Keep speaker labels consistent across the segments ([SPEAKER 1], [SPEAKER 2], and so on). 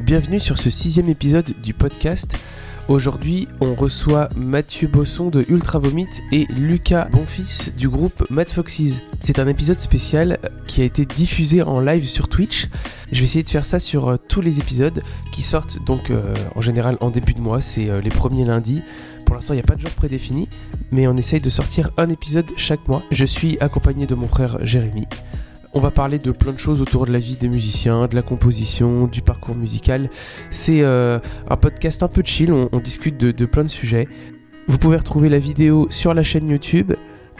[SPEAKER 1] Bienvenue sur ce sixième épisode du podcast. Aujourd'hui, on reçoit Mathieu Bosson de Ultra Vomit et Lucas Bonfils du groupe Mad Foxes. C'est un épisode spécial qui a été diffusé en live sur Twitch. Je vais essayer de faire ça sur euh, tous les épisodes qui sortent donc euh, en général en début de mois, c'est euh, les premiers lundis. Pour l'instant, il n'y a pas de jour prédéfini, mais on essaye de sortir un épisode chaque mois. Je suis accompagné de mon frère Jérémy. On va parler de plein de choses autour de la vie des musiciens, de la composition, du parcours musical. C'est euh, un podcast un peu chill, on, on discute de, de plein de sujets. Vous pouvez retrouver la vidéo sur la chaîne YouTube.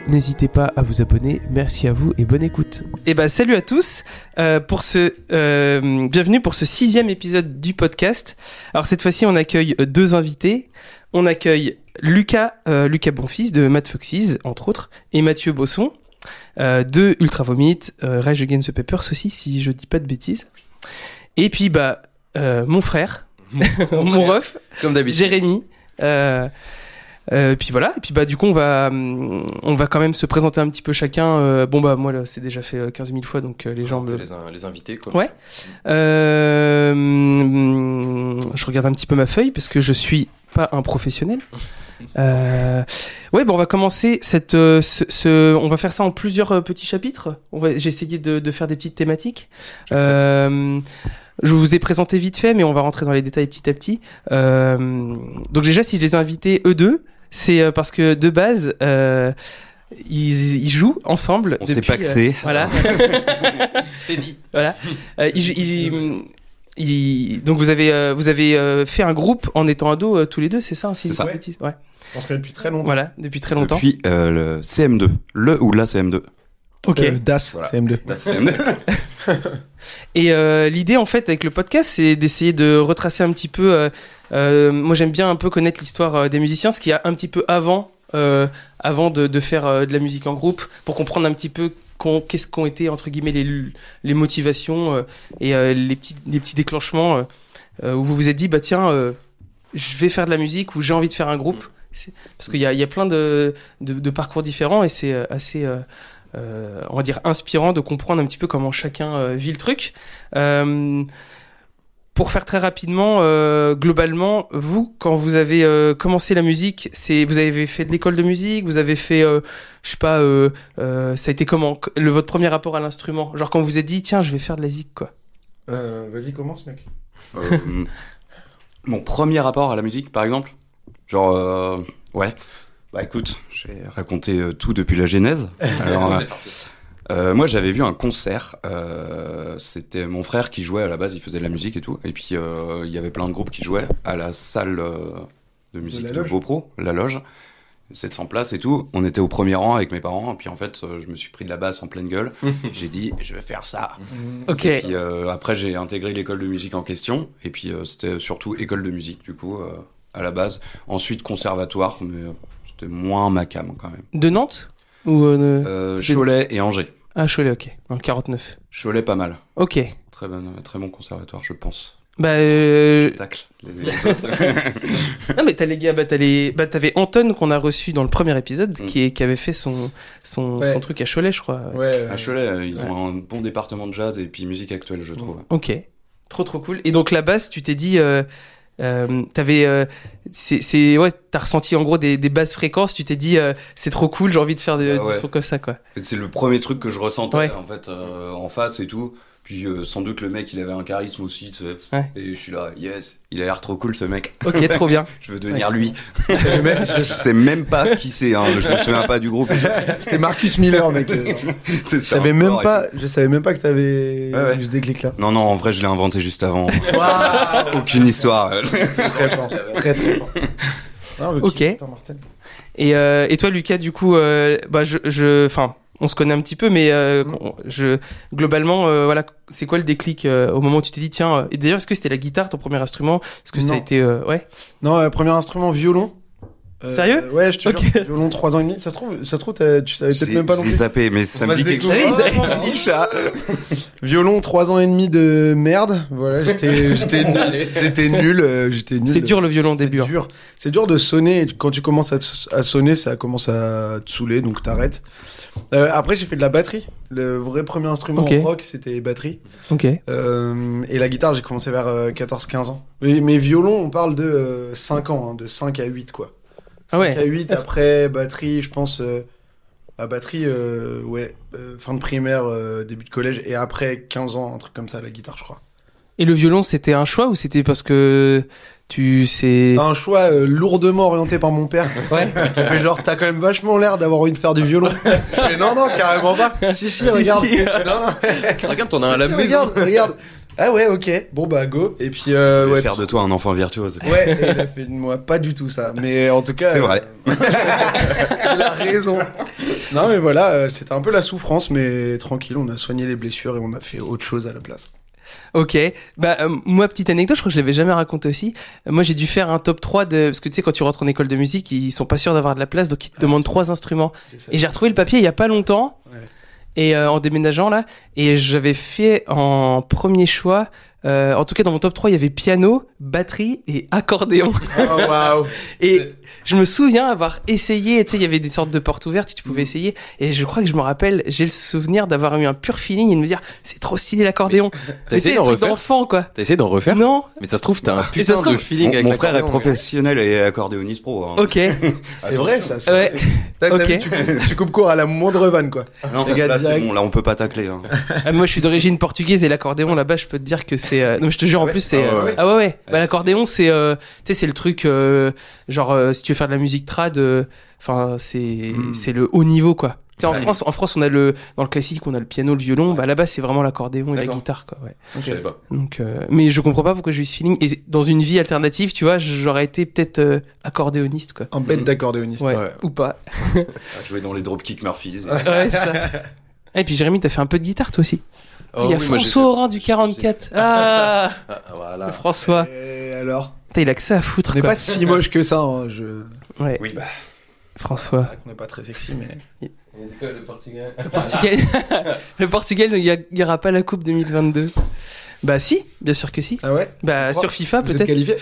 [SPEAKER 1] N'hésitez pas à vous abonner. Merci à vous et bonne écoute. Et ben salut à tous euh, pour ce euh, bienvenue pour ce sixième épisode du podcast. Alors cette fois-ci on accueille euh, deux invités. On accueille Lucas euh, Lucas Bonfils de Mad Foxes entre autres et Mathieu Bosson euh, de Ultra Vomit, euh, Rage Against the Papers aussi si je dis pas de bêtises. Et puis bah euh, mon frère, mon ref,
[SPEAKER 2] Comme d'habitude.
[SPEAKER 1] Jérémy. Euh, euh, puis voilà, et puis bah du coup on va hum, on va quand même se présenter un petit peu chacun. Euh, bon bah moi là, c'est déjà fait euh, 15 000 fois donc euh, les gens me...
[SPEAKER 2] les, in- les invités, quoi.
[SPEAKER 1] Ouais. Euh, hum, je regarde un petit peu ma feuille parce que je suis pas un professionnel. Euh, ouais, bon, on va commencer cette, euh, ce, ce- on va faire ça en plusieurs euh, petits chapitres. On va, j'ai essayé de, de faire des petites thématiques. Euh, je vous ai présenté vite fait, mais on va rentrer dans les détails petit à petit. Euh, donc déjà, si je les ai invités eux deux, c'est euh, parce que de base, euh, ils, ils jouent ensemble.
[SPEAKER 3] On s'est
[SPEAKER 1] depuis,
[SPEAKER 3] paxé.
[SPEAKER 1] euh, voilà.
[SPEAKER 2] C'est dit.
[SPEAKER 1] Euh, il- il- il- donc vous avez euh, vous avez euh, fait un groupe en étant ados euh, tous les deux, c'est ça aussi
[SPEAKER 3] C'est ça.
[SPEAKER 1] Ouais.
[SPEAKER 4] Je pense que depuis très longtemps.
[SPEAKER 1] Voilà, depuis très longtemps.
[SPEAKER 3] Depuis euh, le CM2. Le ou la CM2.
[SPEAKER 1] Ok.
[SPEAKER 4] Euh, DAS,
[SPEAKER 2] Voilà.
[SPEAKER 4] CM2.
[SPEAKER 1] Et euh, l'idée en fait avec le podcast, c'est d'essayer de retracer un petit peu. euh, euh, moi, j'aime bien un peu connaître l'histoire euh, des musiciens, ce qu'il y a un petit peu avant, euh, avant de, de faire euh, de la musique en groupe, pour comprendre un petit peu qu'on- qu'est-ce qu'ont été entre guillemets les, les motivations euh, et euh, les petits les petits déclenchements euh, euh, où vous vous êtes dit bah tiens, euh, je vais faire de la musique ou j'ai envie de faire un groupe. C'est- Parce qu'il y a, il y a plein de, de, de parcours différents et c'est euh, assez, euh, euh, on va dire, inspirant de comprendre un petit peu comment chacun euh, vit le truc. Euh, pour faire très rapidement, euh, globalement, vous, quand vous avez euh, commencé la musique, c'est vous avez fait de l'école de musique, vous avez fait, euh, je sais pas, euh, euh, ça a été comment qu- le, votre premier rapport à l'instrument Genre quand vous vous êtes dit, tiens, je vais faire de la zik, quoi.
[SPEAKER 4] Euh, Vas-y, commence, mec.
[SPEAKER 3] Euh, mon premier rapport à la musique, par exemple. Genre, euh, ouais. Bah écoute, j'ai raconté euh, tout depuis la genèse. Alors, euh,
[SPEAKER 2] C'est parti.
[SPEAKER 3] Euh, moi, j'avais vu un concert. euh, c'était mon frère qui jouait à la base, il faisait de la musique et tout. Et puis, euh, il y avait plein de groupes qui jouaient à la salle euh, de musique
[SPEAKER 4] la
[SPEAKER 3] de,
[SPEAKER 4] loge.
[SPEAKER 3] Beaupro, la loge. 700 places et tout. On était au premier rang avec mes parents. Et puis, en fait, euh, je me suis pris de la basse en pleine gueule. j'ai dit, je vais faire ça.
[SPEAKER 1] Ok.
[SPEAKER 3] Et puis, euh, après, j'ai intégré l'école de musique en question. Et puis, euh, c'était surtout école de musique, du coup, euh, à la base. Ensuite, conservatoire, mais euh, c'était moins ma cam quand même.
[SPEAKER 1] De Nantes ou euh, de-
[SPEAKER 3] Euh,
[SPEAKER 1] C'était-
[SPEAKER 3] Cholet et Angers.
[SPEAKER 1] ah Cholet, ok, dans le 49.
[SPEAKER 3] Cholet, pas mal.
[SPEAKER 1] Ok.
[SPEAKER 3] Très, bonne, très bon conservatoire, je pense.
[SPEAKER 1] Bah, euh,
[SPEAKER 3] Tacle. Les, les autres.
[SPEAKER 1] Non mais t'as les gars, bah t'as les, bah t'avais Anton qu'on a reçu dans le premier épisode,
[SPEAKER 3] Mm.
[SPEAKER 1] qui, est- qui avait fait son son,
[SPEAKER 4] Ouais.
[SPEAKER 1] son truc à Cholet, je crois.
[SPEAKER 4] Ouais.
[SPEAKER 3] à Cholet, euh, ils ont un bon département de jazz et puis musique actuelle, je trouve.
[SPEAKER 1] Ok, trop trop cool. Et donc la basse, tu t'es dit, euh, euh, t'avais, euh, c'est, c'est, ouais, t'as ressenti en gros des, des basses fréquences. Tu t'es dit, euh, c'est trop cool, j'ai envie de faire de,
[SPEAKER 3] Ah ouais.
[SPEAKER 1] du son comme ça, quoi.
[SPEAKER 3] C'est le premier truc que je ressentais,
[SPEAKER 1] Ouais.
[SPEAKER 3] en fait, euh, en face et tout. Puis euh, sans doute le mec, il avait un charisme aussi, tu sais.
[SPEAKER 1] Ouais.
[SPEAKER 3] Et je suis là, yes, il a l'air trop cool ce mec.
[SPEAKER 1] Ok, trop bien.
[SPEAKER 3] Je veux devenir lui. je sais même pas qui c'est, hein. je me souviens pas du groupe.
[SPEAKER 4] C'était Marcus Miller, mec.
[SPEAKER 3] C'est
[SPEAKER 4] Je
[SPEAKER 3] ça,
[SPEAKER 4] savais
[SPEAKER 3] un
[SPEAKER 4] même
[SPEAKER 3] corps et
[SPEAKER 4] pas, je savais même pas que t'avais
[SPEAKER 3] Ouais, ouais.
[SPEAKER 4] eu ce déclic-là.
[SPEAKER 3] tout. Non, non, en vrai, je l'ai inventé juste avant.
[SPEAKER 4] Waouh
[SPEAKER 3] Aucune histoire.
[SPEAKER 4] Très fort, très très fort. Non, le
[SPEAKER 1] Ok.
[SPEAKER 4] kick, putain, mortel.
[SPEAKER 1] Et, euh, et toi, Lucas, du coup, euh, bah, je, je, enfin, on se connaît un petit peu, mais euh,
[SPEAKER 4] Mm.
[SPEAKER 1] on- je, globalement, euh, voilà, c'est quoi le déclic euh, au moment où tu t'es dit, tiens, euh, et d'ailleurs, est-ce que c'était la guitare ton premier instrument Est-ce que ça a
[SPEAKER 4] Non.
[SPEAKER 1] été, euh, ouais,
[SPEAKER 4] Non, euh, premier instrument, violon. Euh,
[SPEAKER 1] Sérieux
[SPEAKER 4] Ouais, je te
[SPEAKER 1] Ok.
[SPEAKER 4] jure. Violon 3 ans et demi. Ça se trouve, ça se trouve t'as- tu savais
[SPEAKER 3] J'ai
[SPEAKER 4] peut-être même pas non
[SPEAKER 3] j'ai
[SPEAKER 4] plus.
[SPEAKER 3] zappé, mais ça
[SPEAKER 4] On
[SPEAKER 3] me
[SPEAKER 4] va
[SPEAKER 3] dit
[SPEAKER 4] se
[SPEAKER 3] quelque chose.
[SPEAKER 1] découvrir.
[SPEAKER 4] découvrir.
[SPEAKER 1] Ah oui, ça-
[SPEAKER 3] Petit chat.
[SPEAKER 4] Violon 3 ans et demi de merde. Voilà, j'étais j'étais nul. J'étais nul. euh, J'étais nul.
[SPEAKER 1] C'est dur le violon au
[SPEAKER 4] C'est
[SPEAKER 1] début. hein.
[SPEAKER 4] dur. C'est dur de sonner. Quand tu commences à, te- à sonner, ça commence à te saouler, donc t'arrêtes. Euh, après, j'ai fait de la batterie. Le vrai premier instrument
[SPEAKER 1] Ok.
[SPEAKER 4] rock, c'était batterie.
[SPEAKER 1] Ok.
[SPEAKER 4] Euh, et la guitare, j'ai commencé vers euh, 14-15 ans. Mais, mais violon, on parle de 5 ans, hein, de 5 à 8, quoi. 5
[SPEAKER 1] Ah ouais.
[SPEAKER 4] à 8, après batterie, je pense. euh, à batterie, euh, ouais, euh, fin de primaire, euh, début de collège, et après 15 ans, un truc comme ça, la guitare, je crois.
[SPEAKER 1] Et le violon, c'était un choix ou c'était parce que tu sais.
[SPEAKER 4] C'est un choix euh, lourdement orienté par mon père.
[SPEAKER 1] Ouais.
[SPEAKER 4] Il fait genre, t'as quand même vachement l'air d'avoir envie de faire du violon. Je fais, non, non, carrément pas. Si, si, regarde.
[SPEAKER 1] si.
[SPEAKER 4] Non, non.
[SPEAKER 2] Regarde, t'en as un à la
[SPEAKER 4] Si,
[SPEAKER 2] maison.
[SPEAKER 4] Regarde, regarde. Ah ouais, ok. Bon, bah, go. Et puis, euh,
[SPEAKER 3] Je vais
[SPEAKER 4] ouais,
[SPEAKER 3] faire de toi un enfant virtuose.
[SPEAKER 4] Ouais, et il a fait de moi pas du tout ça. Mais en tout cas.
[SPEAKER 3] C'est
[SPEAKER 4] euh,
[SPEAKER 3] vrai.
[SPEAKER 4] il a raison. Non, mais voilà, euh, c'était un peu la souffrance, mais tranquille, on a soigné les blessures et on a fait autre chose à la place.
[SPEAKER 1] Ok. Bah, euh, moi, petite anecdote, je crois que je l'avais jamais raconté aussi. Euh, moi, j'ai dû faire un top 3 de. Parce que tu sais, quand tu rentres en école de musique, ils sont pas sûrs d'avoir de la place, donc ils te
[SPEAKER 2] Ah.
[SPEAKER 1] demandent trois instruments.
[SPEAKER 4] C'est ça.
[SPEAKER 1] Et j'ai retrouvé le papier il y a pas longtemps.
[SPEAKER 4] Ouais.
[SPEAKER 1] Et euh, en déménageant là, et j'avais fait en premier choix, euh, en tout cas dans mon top 3, il y avait piano, batterie et accordéon.
[SPEAKER 4] Oh, waouh.
[SPEAKER 1] Et je me souviens avoir essayé, tu sais, il y avait des sortes de portes ouvertes, tu
[SPEAKER 2] Mm.
[SPEAKER 1] pouvais essayer. Et je crois que je me rappelle, j'ai le souvenir d'avoir eu un pur feeling et de me dire, c'est trop stylé l'accordéon.
[SPEAKER 2] T'as
[SPEAKER 1] Mais tu sais,
[SPEAKER 2] essayé d'en
[SPEAKER 1] le truc
[SPEAKER 2] refaire
[SPEAKER 1] d'enfant, quoi.
[SPEAKER 2] T'as essayé d'en refaire
[SPEAKER 1] Non
[SPEAKER 2] Mais ça se trouve, t'as un
[SPEAKER 1] Et ça se
[SPEAKER 2] putain de
[SPEAKER 1] trouve-
[SPEAKER 2] feeling
[SPEAKER 3] Mon,
[SPEAKER 2] avec
[SPEAKER 3] mon frère est
[SPEAKER 2] l'accordéon, ouais.
[SPEAKER 3] professionnel et accordéoniste pro. hein.
[SPEAKER 1] Ok.
[SPEAKER 4] C'est vrai, ça. c'est
[SPEAKER 1] Ouais.
[SPEAKER 4] vrai. T'as- t'as
[SPEAKER 1] Ok.
[SPEAKER 4] vu, tu, coupes- tu coupes court à la moindre vanne, quoi.
[SPEAKER 3] Non,
[SPEAKER 4] Le gars
[SPEAKER 3] là, c'est
[SPEAKER 4] direct.
[SPEAKER 3] bon, là, on peut pas tacler. hein.
[SPEAKER 1] Ah, mais moi, je suis d'origine portugaise et l'accordéon là-bas, je peux te dire que c'est. euh, Non, mais je te jure, en plus, c'est.
[SPEAKER 3] Ah ouais,
[SPEAKER 1] euh,
[SPEAKER 3] ouais.
[SPEAKER 1] Ah ouais, ouais. Bah, l'accordéon, c'est. euh, Tu sais, c'est le truc. euh, Genre, euh, si tu veux faire de la musique trad, euh, enfin, c'est
[SPEAKER 4] Mm.
[SPEAKER 1] c'est le haut niveau, quoi. Tu sais, en
[SPEAKER 2] Ouais.
[SPEAKER 1] France, en France, on a le dans le classique, on a le piano, le violon. Bah là-bas, c'est vraiment l'accordéon et la
[SPEAKER 2] D'accord.
[SPEAKER 1] guitare, quoi. Ouais.
[SPEAKER 2] Je savais pas.
[SPEAKER 1] Donc, euh, mais je comprends pas pourquoi j'ai eu ce feeling. Et dans une vie alternative, tu vois, j'aurais été peut-être euh, accordéoniste, quoi.
[SPEAKER 4] Un bête
[SPEAKER 2] Mhm.
[SPEAKER 4] d'accordéoniste.
[SPEAKER 1] Ouais.
[SPEAKER 2] Ouais.
[SPEAKER 1] Ou pas.
[SPEAKER 3] À jouer dans les Dropkick Murphys.
[SPEAKER 1] Ouais, c'est ça. Et puis Jérémy, t'as fait un peu de guitare toi aussi.
[SPEAKER 2] Oh,
[SPEAKER 1] Il y a
[SPEAKER 2] oui, moi, j'ai
[SPEAKER 1] François
[SPEAKER 2] fait-
[SPEAKER 1] Oran du 44. Ah,
[SPEAKER 2] Ah,
[SPEAKER 1] le
[SPEAKER 2] Voilà.
[SPEAKER 1] François.
[SPEAKER 4] Et alors
[SPEAKER 1] Putain, il a que ça à foutre.
[SPEAKER 4] On n'est
[SPEAKER 1] quoi.
[SPEAKER 4] pas si moche que ça, hein, je...
[SPEAKER 1] Ouais,
[SPEAKER 3] Oui, bah,
[SPEAKER 4] C'est
[SPEAKER 1] François.
[SPEAKER 4] vrai qu'on n'est pas très sexy, mais...
[SPEAKER 1] Le Portugal, le Portugal ne ga- gagnera pas la Coupe 2022. Bah si, bien sûr que si.
[SPEAKER 4] Ah ouais
[SPEAKER 1] Bah
[SPEAKER 4] Je crois.
[SPEAKER 1] sur FIFA
[SPEAKER 4] Vous êtes Ah,
[SPEAKER 1] peut-être.
[SPEAKER 4] qualifié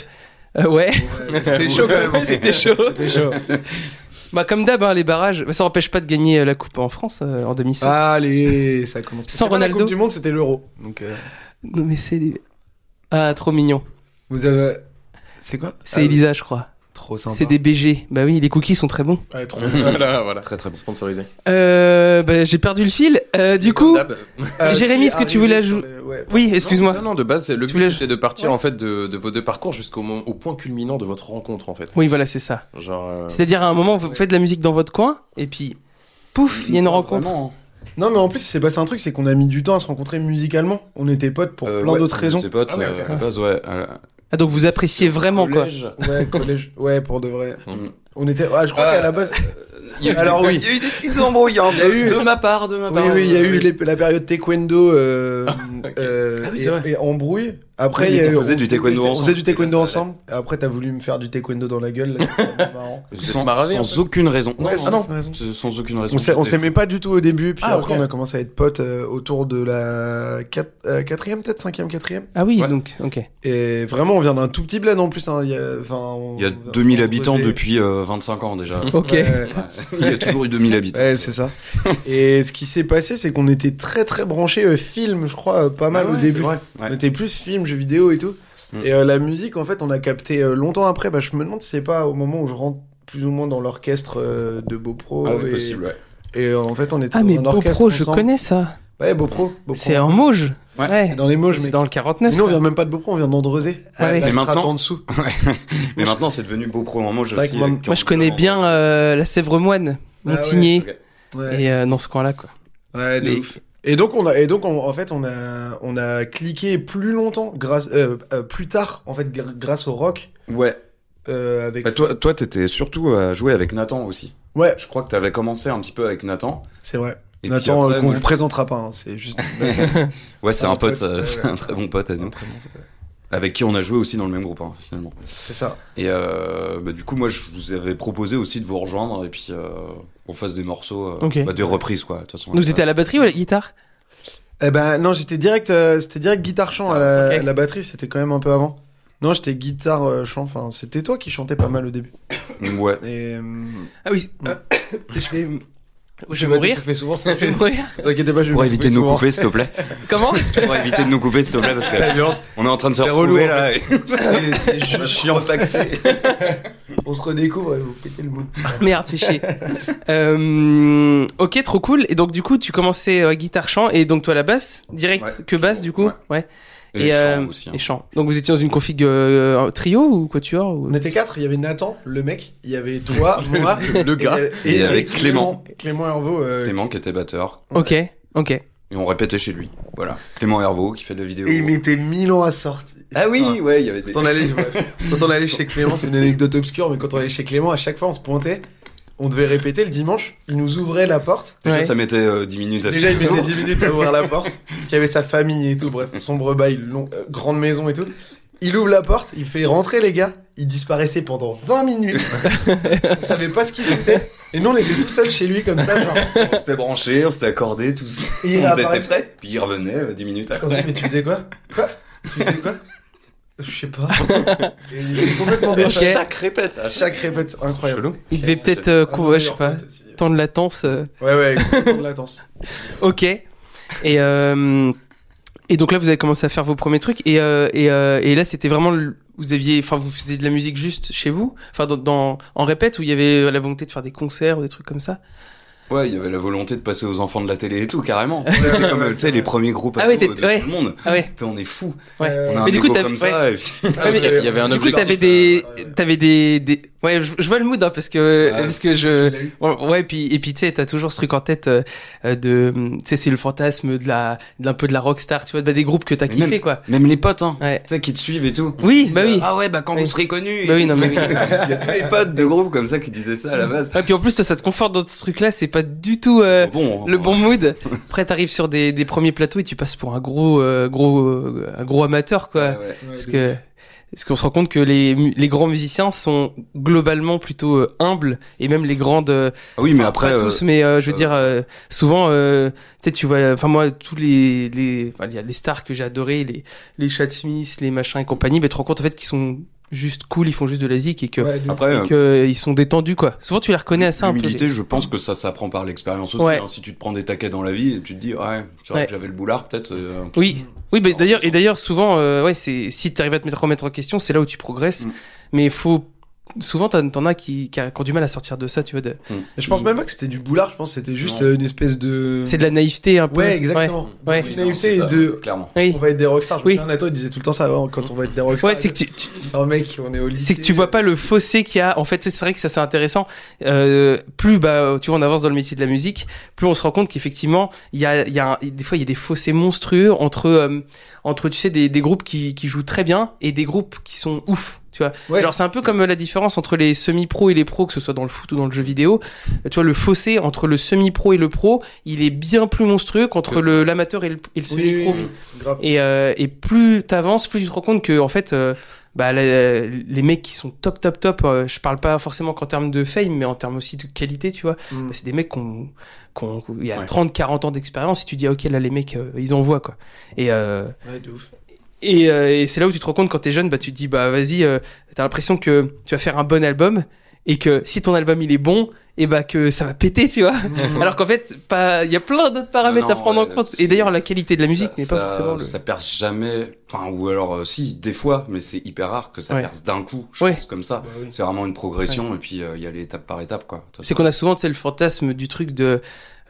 [SPEAKER 1] Euh, ouais.
[SPEAKER 4] C'était chaud, quand même.
[SPEAKER 1] C'était chaud.
[SPEAKER 4] C'était chaud.
[SPEAKER 1] Bah comme d'hab, hein, les barrages, bah, ça n'empêche pas de gagner euh, la Coupe en France euh, en 2005.
[SPEAKER 4] Ah. Allez, ça commence.
[SPEAKER 1] Sans
[SPEAKER 4] C'était pas
[SPEAKER 1] Ronaldo.
[SPEAKER 4] La Coupe du Monde, c'était l'Euro. Donc, euh,
[SPEAKER 1] Non mais c'est... des- Ah, trop mignon.
[SPEAKER 4] vous avez. C'est quoi
[SPEAKER 1] C'est
[SPEAKER 4] Ah,
[SPEAKER 1] Elisa, je crois.
[SPEAKER 4] Trop sympa.
[SPEAKER 1] C'est des BG. Bah oui, les cookies sont très bons.
[SPEAKER 4] Ouais, trop. Euh,
[SPEAKER 2] Voilà, voilà. Très très sponsorisé.
[SPEAKER 1] Euh, bah j'ai perdu le fil. Euh, du coup...
[SPEAKER 4] Euh,
[SPEAKER 1] Jérémy,
[SPEAKER 4] si,
[SPEAKER 1] est-ce que tu
[SPEAKER 4] arrivé
[SPEAKER 1] voulais
[SPEAKER 4] sur
[SPEAKER 1] ajou-
[SPEAKER 4] le- ouais.
[SPEAKER 1] Oui, excuse-moi.
[SPEAKER 2] Non, non, de base, le
[SPEAKER 1] Tu
[SPEAKER 2] but
[SPEAKER 1] voulais-
[SPEAKER 2] c'était de partir en fait de, de vos deux parcours jusqu'au moment- au point culminant de votre rencontre en fait.
[SPEAKER 1] Oui, voilà, c'est ça.
[SPEAKER 2] Genre. euh,
[SPEAKER 1] C'est-à-dire à un moment, vous faites de la musique dans votre coin, et puis, pouf, il y a une
[SPEAKER 3] Non,
[SPEAKER 1] rencontre.
[SPEAKER 3] vraiment, hein.
[SPEAKER 4] Non, mais en plus, il s'est passé un truc, c'est qu'on a mis du temps à se rencontrer musicalement. On était potes pour
[SPEAKER 3] Euh,
[SPEAKER 4] plein
[SPEAKER 3] ouais,
[SPEAKER 4] d'autres
[SPEAKER 3] on
[SPEAKER 4] raisons.
[SPEAKER 3] était potes,
[SPEAKER 2] Ah ouais,
[SPEAKER 3] euh,
[SPEAKER 2] ok.
[SPEAKER 3] à la base, ouais. à la-
[SPEAKER 1] Ah, donc vous appréciez vraiment, quoi.
[SPEAKER 2] collège.
[SPEAKER 4] Ouais, collège. Ouais, pour de vrai.
[SPEAKER 2] Mhm.
[SPEAKER 4] On était. Ouais, je crois
[SPEAKER 3] Mm. Ah.
[SPEAKER 4] qu'à la base.
[SPEAKER 3] Il y a eu
[SPEAKER 4] Alors
[SPEAKER 3] des-
[SPEAKER 4] oui.
[SPEAKER 3] il y a eu des petites embrouilles, hein,
[SPEAKER 4] Il y a eu-
[SPEAKER 3] de ma part, de ma
[SPEAKER 4] Oui,
[SPEAKER 3] part.
[SPEAKER 4] oui, il y a
[SPEAKER 3] euh,
[SPEAKER 4] eu les- la période taekwondo euh, euh,
[SPEAKER 1] Ah oui, c'est
[SPEAKER 4] et-
[SPEAKER 1] vrai.
[SPEAKER 4] et, embrouille. Après,
[SPEAKER 3] Oui,
[SPEAKER 4] il y a
[SPEAKER 3] on
[SPEAKER 4] eu-
[SPEAKER 3] faisait du taekwondo
[SPEAKER 4] On faisait du
[SPEAKER 3] ensemble.
[SPEAKER 4] taekwondo
[SPEAKER 3] Ça, ça
[SPEAKER 4] ensemble. Et Après, t'as voulu me faire du taekwondo dans la gueule. là, c'est marrant.
[SPEAKER 2] êtes
[SPEAKER 3] Sans,
[SPEAKER 2] maravés,
[SPEAKER 3] sans
[SPEAKER 2] en fait.
[SPEAKER 3] aucune raison.
[SPEAKER 4] Ouais,
[SPEAKER 3] Non,
[SPEAKER 4] sans
[SPEAKER 3] non,
[SPEAKER 4] aucune raison.
[SPEAKER 3] sans- Sans aucune raison.
[SPEAKER 4] Ah On s'est- on s'aimait pas du tout au début, puis
[SPEAKER 2] Ah,
[SPEAKER 4] après
[SPEAKER 2] ok.
[SPEAKER 4] on a commencé à être potes euh, autour de la quat- euh, quatrième, peut-être cinquième, quatrième.
[SPEAKER 1] Ah oui,
[SPEAKER 3] Ouais.
[SPEAKER 1] donc, ok.
[SPEAKER 4] Et vraiment, on vient d'un tout petit bled en plus. hein, Il y a, enfin, on-
[SPEAKER 3] Il y a
[SPEAKER 4] on-
[SPEAKER 3] 2000
[SPEAKER 4] on
[SPEAKER 3] habitants
[SPEAKER 4] faisait-
[SPEAKER 3] depuis euh, 25 ans déjà.
[SPEAKER 1] Ok.
[SPEAKER 4] Ouais,
[SPEAKER 3] Il y a toujours eu 2000 habitants.
[SPEAKER 4] ouais, c'est ça. Et ce qui s'est passé, c'est qu'on était très très branchés euh, film, je crois, euh, pas mal
[SPEAKER 3] Ah
[SPEAKER 4] au
[SPEAKER 3] ouais, c'est
[SPEAKER 4] début.
[SPEAKER 3] vrai.
[SPEAKER 4] On
[SPEAKER 3] Ouais.
[SPEAKER 4] était plus film, jeux vidéo et tout.
[SPEAKER 3] Mm.
[SPEAKER 4] Et euh, la musique, en fait, on a capté euh, longtemps après. Bah, je me demande si c'est pas au moment où je rentre plus ou moins dans l'orchestre euh, de Beaupro.
[SPEAKER 3] Ah,
[SPEAKER 4] et,
[SPEAKER 3] oui, possible, ouais.
[SPEAKER 4] Et euh, en fait, on était
[SPEAKER 1] Ah,
[SPEAKER 4] dans
[SPEAKER 1] mais
[SPEAKER 4] un orchestre.
[SPEAKER 1] Beaupro, je
[SPEAKER 4] ensemble.
[SPEAKER 1] connais ça.
[SPEAKER 4] Ouais, Beaupro. Beaupro.
[SPEAKER 1] C'est en Mauges.
[SPEAKER 3] Ouais,
[SPEAKER 1] Ouais.
[SPEAKER 4] C'est dans les Mauges,
[SPEAKER 1] C'est
[SPEAKER 4] mais
[SPEAKER 1] dans le 49.
[SPEAKER 4] Nous, on
[SPEAKER 1] ça.
[SPEAKER 4] vient même pas de Beaupron, on vient d'Andrezé.
[SPEAKER 1] Ah ouais.
[SPEAKER 4] La
[SPEAKER 3] Et
[SPEAKER 4] strate
[SPEAKER 3] maintenant-
[SPEAKER 4] en dessous.
[SPEAKER 3] Mais maintenant, c'est devenu beau pro moment.
[SPEAKER 4] C'est vrai que moi-
[SPEAKER 1] Moi, je connais bien euh, la Sèvre Moine,
[SPEAKER 4] Ah ouais,
[SPEAKER 1] Montigny,
[SPEAKER 4] Ouais.
[SPEAKER 1] et euh, dans ce coin-là, quoi.
[SPEAKER 4] Ouais, de
[SPEAKER 1] Mais-
[SPEAKER 4] ouf. Et donc, on a, et donc on- en fait, on a, on a cliqué plus longtemps, grâce, euh, euh, plus tard, en fait, gr- grâce au rock.
[SPEAKER 3] Ouais.
[SPEAKER 4] euh, avec...
[SPEAKER 3] Bah, toi, toi, t'étais surtout à jouer avec Nathan aussi.
[SPEAKER 4] Ouais,
[SPEAKER 3] Je crois que t'avais commencé un petit peu avec Nathan.
[SPEAKER 4] c'est vrai.
[SPEAKER 3] Et
[SPEAKER 4] Nathan,
[SPEAKER 3] puis
[SPEAKER 4] euh,
[SPEAKER 3] après,
[SPEAKER 4] qu'on
[SPEAKER 3] moi-
[SPEAKER 4] vous présentera pas, hein, c'est juste
[SPEAKER 3] Ouais, c'est
[SPEAKER 4] Ah,
[SPEAKER 3] un
[SPEAKER 4] mon pote,
[SPEAKER 3] pote, euh,
[SPEAKER 4] ouais, ouais.
[SPEAKER 3] un très bon pote à nous.
[SPEAKER 4] très bon. en fait, ouais.
[SPEAKER 3] avec qui on a joué aussi dans le même groupe, hein, finalement.
[SPEAKER 4] C'est ça.
[SPEAKER 3] Et euh, bah, du coup, moi, je vous avais proposé aussi de vous rejoindre et puis euh, on fasse des morceaux, euh,
[SPEAKER 1] Ok.
[SPEAKER 3] bah, des reprises, quoi. De toute façon,
[SPEAKER 1] Donc
[SPEAKER 3] là,
[SPEAKER 1] t'étais à la batterie ou à la guitare
[SPEAKER 4] Eh ben non, j'étais direct, euh, c'était direct guitare chant. à La,
[SPEAKER 1] Ok.
[SPEAKER 4] la batterie, c'était quand même un peu avant. Non, j'étais guitare euh, chant. Enfin, c'était toi qui chantais pas mal au début.
[SPEAKER 3] Ouais.
[SPEAKER 4] Et euh,
[SPEAKER 1] Ah oui.
[SPEAKER 4] Ouais.
[SPEAKER 1] je vais, je
[SPEAKER 4] tu
[SPEAKER 1] vais
[SPEAKER 4] m'as
[SPEAKER 1] mourir.
[SPEAKER 4] tout fait souvent. ça.
[SPEAKER 1] Je vais mourir.
[SPEAKER 4] T'inquiète pas, je vais
[SPEAKER 3] Pour
[SPEAKER 4] me
[SPEAKER 3] éviter
[SPEAKER 4] couper
[SPEAKER 3] de nous
[SPEAKER 4] souvent.
[SPEAKER 3] couper, s'il te plaît.
[SPEAKER 1] Comment
[SPEAKER 3] Pour éviter de nous couper, s'il te plaît, parce
[SPEAKER 4] La
[SPEAKER 3] que
[SPEAKER 4] violence,
[SPEAKER 3] on est en train de se
[SPEAKER 4] C'est
[SPEAKER 3] retrouver
[SPEAKER 4] relou, en
[SPEAKER 3] là. et-
[SPEAKER 4] c'est c'est
[SPEAKER 3] On va
[SPEAKER 4] juste
[SPEAKER 3] se
[SPEAKER 4] chiant.
[SPEAKER 3] refaxer.
[SPEAKER 4] On se redécouvre et vous pétez le bout.
[SPEAKER 1] Merde, fais chier. Euh, ok, trop cool. Et donc, du coup, tu commençais euh, guitare, chant, et donc toi la basse, direct
[SPEAKER 3] Ouais.
[SPEAKER 1] que basse, du coup
[SPEAKER 3] Ouais. Et,
[SPEAKER 1] Et, euh,
[SPEAKER 3] chant aussi, hein.
[SPEAKER 1] et chant. Donc, vous étiez dans une config euh, un trio ou quatuor ou...
[SPEAKER 4] On était quatre, il y avait Nathan, le mec, il y avait toi, moi, le
[SPEAKER 3] gars, et il y avait Clément.
[SPEAKER 4] Clément Hervaux, euh,
[SPEAKER 3] Clément qui était batteur.
[SPEAKER 1] Ok, ok.
[SPEAKER 3] Et on répétait chez lui. Voilà. Clément Hervaux qui fait de la vidéo.
[SPEAKER 4] et il mettait mille ans à sortir.
[SPEAKER 3] Ah oui, ouais, il y avait des.
[SPEAKER 4] Quand on allait, bref, quand on allait chez Clément, c'est une anecdote obscure, mais quand on allait chez Clément, à chaque fois on se pointait, on devait répéter le dimanche, il nous ouvrait la porte.
[SPEAKER 3] Déjà,
[SPEAKER 1] Ouais.
[SPEAKER 3] ça mettait euh, 10 minutes à se
[SPEAKER 4] Déjà, il
[SPEAKER 3] faire.
[SPEAKER 4] mettait 10 minutes à ouvrir la porte, parce qu'il y avait sa famille et tout, bref, sombre bail, long- euh, grande maison et tout. Il ouvre la porte, il fait rentrer les gars, il disparaissait pendant 20 minutes, on savait pas ce qu'il était, et nous on était tout seuls chez lui comme ça, genre,
[SPEAKER 3] On s'était branché, on s'était accordé, tout ça.
[SPEAKER 4] et il
[SPEAKER 3] on était
[SPEAKER 4] apparaissait.
[SPEAKER 3] prêt. Puis il revenait euh, 10 minutes
[SPEAKER 4] On se dit,
[SPEAKER 3] après.
[SPEAKER 4] mais tu faisais quoi Quoi Tu faisais quoi Je sais pas. Et il est complètement dépassé.
[SPEAKER 3] Chaque répète. à chaque-
[SPEAKER 4] Chaque répète, incroyable.
[SPEAKER 3] Chelou.
[SPEAKER 1] Il devait
[SPEAKER 3] c'est-
[SPEAKER 1] peut-être,
[SPEAKER 3] c'est-
[SPEAKER 1] euh,
[SPEAKER 4] Ah,
[SPEAKER 1] cou-
[SPEAKER 4] non,
[SPEAKER 1] ouais, je sais
[SPEAKER 4] leur
[SPEAKER 1] pas,
[SPEAKER 4] pote aussi.
[SPEAKER 1] temps de latence. euh,
[SPEAKER 4] Ouais, ouais, complètement de latence.
[SPEAKER 1] Ok. Et, euh, et donc là, vous avez commencé à faire vos premiers trucs. Et, euh, et, euh, et là, c'était vraiment. le- Vous aviez. Enfin, vous faisiez de la musique juste chez vous Enfin, dans, dans- en répète, où il y avait la volonté de faire des concerts ou des trucs comme ça
[SPEAKER 3] Ouais, il y avait la volonté de passer aux enfants de la télé et tout, carrément.
[SPEAKER 4] ouais,
[SPEAKER 3] c'est comme,
[SPEAKER 4] ouais,
[SPEAKER 3] euh, tu sais,
[SPEAKER 4] c'est
[SPEAKER 3] les
[SPEAKER 4] vrai.
[SPEAKER 3] premiers groupes à
[SPEAKER 1] Ah ouais,
[SPEAKER 3] tout,
[SPEAKER 1] t'es-
[SPEAKER 3] euh, de
[SPEAKER 1] ouais.
[SPEAKER 3] tout le monde.
[SPEAKER 1] Ah ouais,
[SPEAKER 3] Putain, on est fous.
[SPEAKER 1] ouais.
[SPEAKER 4] Euh,
[SPEAKER 3] On a un
[SPEAKER 1] Mais du coup,
[SPEAKER 3] ego
[SPEAKER 1] t'as-
[SPEAKER 3] comme ça. et puis-
[SPEAKER 1] Ah, mais
[SPEAKER 2] Ah, Il y avait un
[SPEAKER 1] du coup,
[SPEAKER 2] objectif.
[SPEAKER 3] euh,
[SPEAKER 1] t'avais des,
[SPEAKER 4] Ouais, ouais.
[SPEAKER 1] t'avais des, des, ouais, je, je vois le mood, hein, parce que,
[SPEAKER 3] Ouais.
[SPEAKER 1] parce que je,
[SPEAKER 2] Euh,
[SPEAKER 4] Il a eu.
[SPEAKER 1] Bon, ouais, puis, et puis, tu sais, t'as toujours ce truc en tête, euh, euh, de, tu sais, c'est le fantasme de la, d'un peu de la rockstar, tu vois, bah, des groupes que t'as
[SPEAKER 3] Mais
[SPEAKER 1] kiffé, quoi.
[SPEAKER 3] Même les potes, hein.
[SPEAKER 1] Ouais.
[SPEAKER 3] Tu sais, qui te suivent et tout.
[SPEAKER 1] Oui,
[SPEAKER 3] Ils
[SPEAKER 1] bah
[SPEAKER 3] disent,
[SPEAKER 1] oui.
[SPEAKER 3] Ah ouais, bah quand
[SPEAKER 1] Oui.
[SPEAKER 3] vous serez connus. et
[SPEAKER 1] Bah oui,
[SPEAKER 3] tout.
[SPEAKER 1] non, mais oui.
[SPEAKER 3] Il y a tous les potes de groupe comme ça qui disaient ça à la base.
[SPEAKER 1] Ouais, puis en plus, toi, ça te conforte dans ce truc-là, c'est pas du tout, euh,
[SPEAKER 3] bon, hein.
[SPEAKER 1] le bon mood. Après, t'arrives sur des, des premiers plateaux et tu passes pour un gros, euh, gros, euh, un gros amateur, quoi.
[SPEAKER 3] Ouais, ouais.
[SPEAKER 1] Parce que, parce qu'on se rend compte que les, mu- les grands musiciens sont globalement plutôt euh, humbles et même les grandes, euh,
[SPEAKER 3] Ah oui, mais
[SPEAKER 1] Enfin,
[SPEAKER 3] après,
[SPEAKER 1] pas
[SPEAKER 3] euh,
[SPEAKER 1] tous, mais euh, je veux
[SPEAKER 3] euh,
[SPEAKER 1] dire, euh, souvent, euh, tu sais, tu vois, enfin moi, tous les, les, enfin, il y a les stars que j'ai adoré, les, les Chad Smith, les machins et compagnie, mais tu te rends compte en fait qu'ils sont juste cool, ils font juste de la zik et que,
[SPEAKER 4] Ouais, donc,
[SPEAKER 3] après,
[SPEAKER 1] et que euh, ils sont détendus quoi. Souvent, tu les reconnais à ça un peu.
[SPEAKER 3] L'humilité, je pense que ça s'apprend par l'expérience aussi.
[SPEAKER 1] Ouais.
[SPEAKER 3] hein. Si tu te prends des taquets dans la vie, tu te dis, ouais, c'est vrai
[SPEAKER 1] Ouais.
[SPEAKER 3] que j'avais le boulard, peut-être. euh, un peu.
[SPEAKER 1] Oui, oui, mais d'ailleurs, et d'ailleurs, souvent, euh, ouais, c'est si tu arrives à te mettre- remettre en question, c'est là où tu progresses,
[SPEAKER 3] Mm.
[SPEAKER 1] mais il faut Souvent, t'en t'en as qui, qui, a- qui ont du mal à sortir de ça, tu vois. de-
[SPEAKER 4] Je pense même pas que c'était du boulard, je pense que c'était juste
[SPEAKER 3] Non.
[SPEAKER 4] euh, une espèce de.
[SPEAKER 1] C'est de la naïveté un peu.
[SPEAKER 4] Ouais, exactement.
[SPEAKER 1] Ouais.
[SPEAKER 3] Oui,
[SPEAKER 4] Une
[SPEAKER 3] non,
[SPEAKER 4] naïveté
[SPEAKER 3] c'est ça,
[SPEAKER 4] et de.
[SPEAKER 3] Clairement.
[SPEAKER 1] Ouais.
[SPEAKER 4] On va être des rockstars. Je me
[SPEAKER 1] Oui.
[SPEAKER 4] souviens, Nathan, il disait tout le temps ça avant, quand on va être des rockstars.
[SPEAKER 1] Ouais, c'est que tu- tu,
[SPEAKER 4] Alors, mec, on est au lycée.
[SPEAKER 1] c'est que tu vois pas le fossé qu'il y a. En fait, c'est vrai que ça c'est intéressant. Euh, plus bah, tu vois, on avance dans le métier de la musique, plus on se rend compte qu'effectivement, il y a, il y a un- des fois il y a des fossés monstrueux entre euh, entre tu sais des, des groupes qui, qui jouent très bien et des groupes qui sont ouf. Tu vois,
[SPEAKER 4] Ouais.
[SPEAKER 1] genre c'est un peu comme euh, la différence entre les semi-pro et les pros, que ce soit dans le foot ou dans le jeu vidéo. Euh, Tu vois, le fossé entre le semi-pro et le pro, il est bien plus monstrueux qu'entre le l'amateur et le, et le
[SPEAKER 4] Oui, oui,
[SPEAKER 1] semi-pro.
[SPEAKER 4] oui, grave.
[SPEAKER 1] Et, euh, et plus t'avances, plus tu te rends compte que en fait, euh, bah, la- les mecs qui sont top, top, top. euh, je parle pas forcément qu'en termes de fame, mais en termes aussi de qualité, tu vois.
[SPEAKER 4] Mm.
[SPEAKER 1] Bah, c'est des mecs qui ont, qui ont- qui ont- il y a
[SPEAKER 3] Ouais.
[SPEAKER 1] 30, 40 ans d'expérience. Et tu dis ah, ok, là les mecs, euh, ils envoient quoi. Et euh,
[SPEAKER 4] Ouais, de ouf.
[SPEAKER 1] et, euh, et c'est là où tu te rends compte quand t'es jeune, bah tu te dis bah vas-y, euh, t'as l'impression que tu vas faire un bon album et que si ton album il est bon, et bah que ça va péter, tu vois. Alors qu'en fait, pas, il y a plein d'autres paramètres
[SPEAKER 3] Non,
[SPEAKER 1] à prendre en
[SPEAKER 3] ouais,
[SPEAKER 1] compte. Et
[SPEAKER 3] c'est-
[SPEAKER 1] d'ailleurs, la qualité de la musique
[SPEAKER 3] Ça-
[SPEAKER 1] n'est pas
[SPEAKER 3] ça-
[SPEAKER 1] forcément le.
[SPEAKER 3] Ça perce jamais. Enfin, ou alors, euh, si, des fois, mais c'est hyper rare que ça
[SPEAKER 1] Ouais.
[SPEAKER 3] perce d'un coup. Je
[SPEAKER 1] Ouais.
[SPEAKER 3] pense comme ça.
[SPEAKER 4] Bah oui.
[SPEAKER 3] C'est vraiment une progression, et puis euh, il y a les étapes par étape, quoi. De toute
[SPEAKER 1] C'est qu'on a souvent tu sais, le fantasme du truc de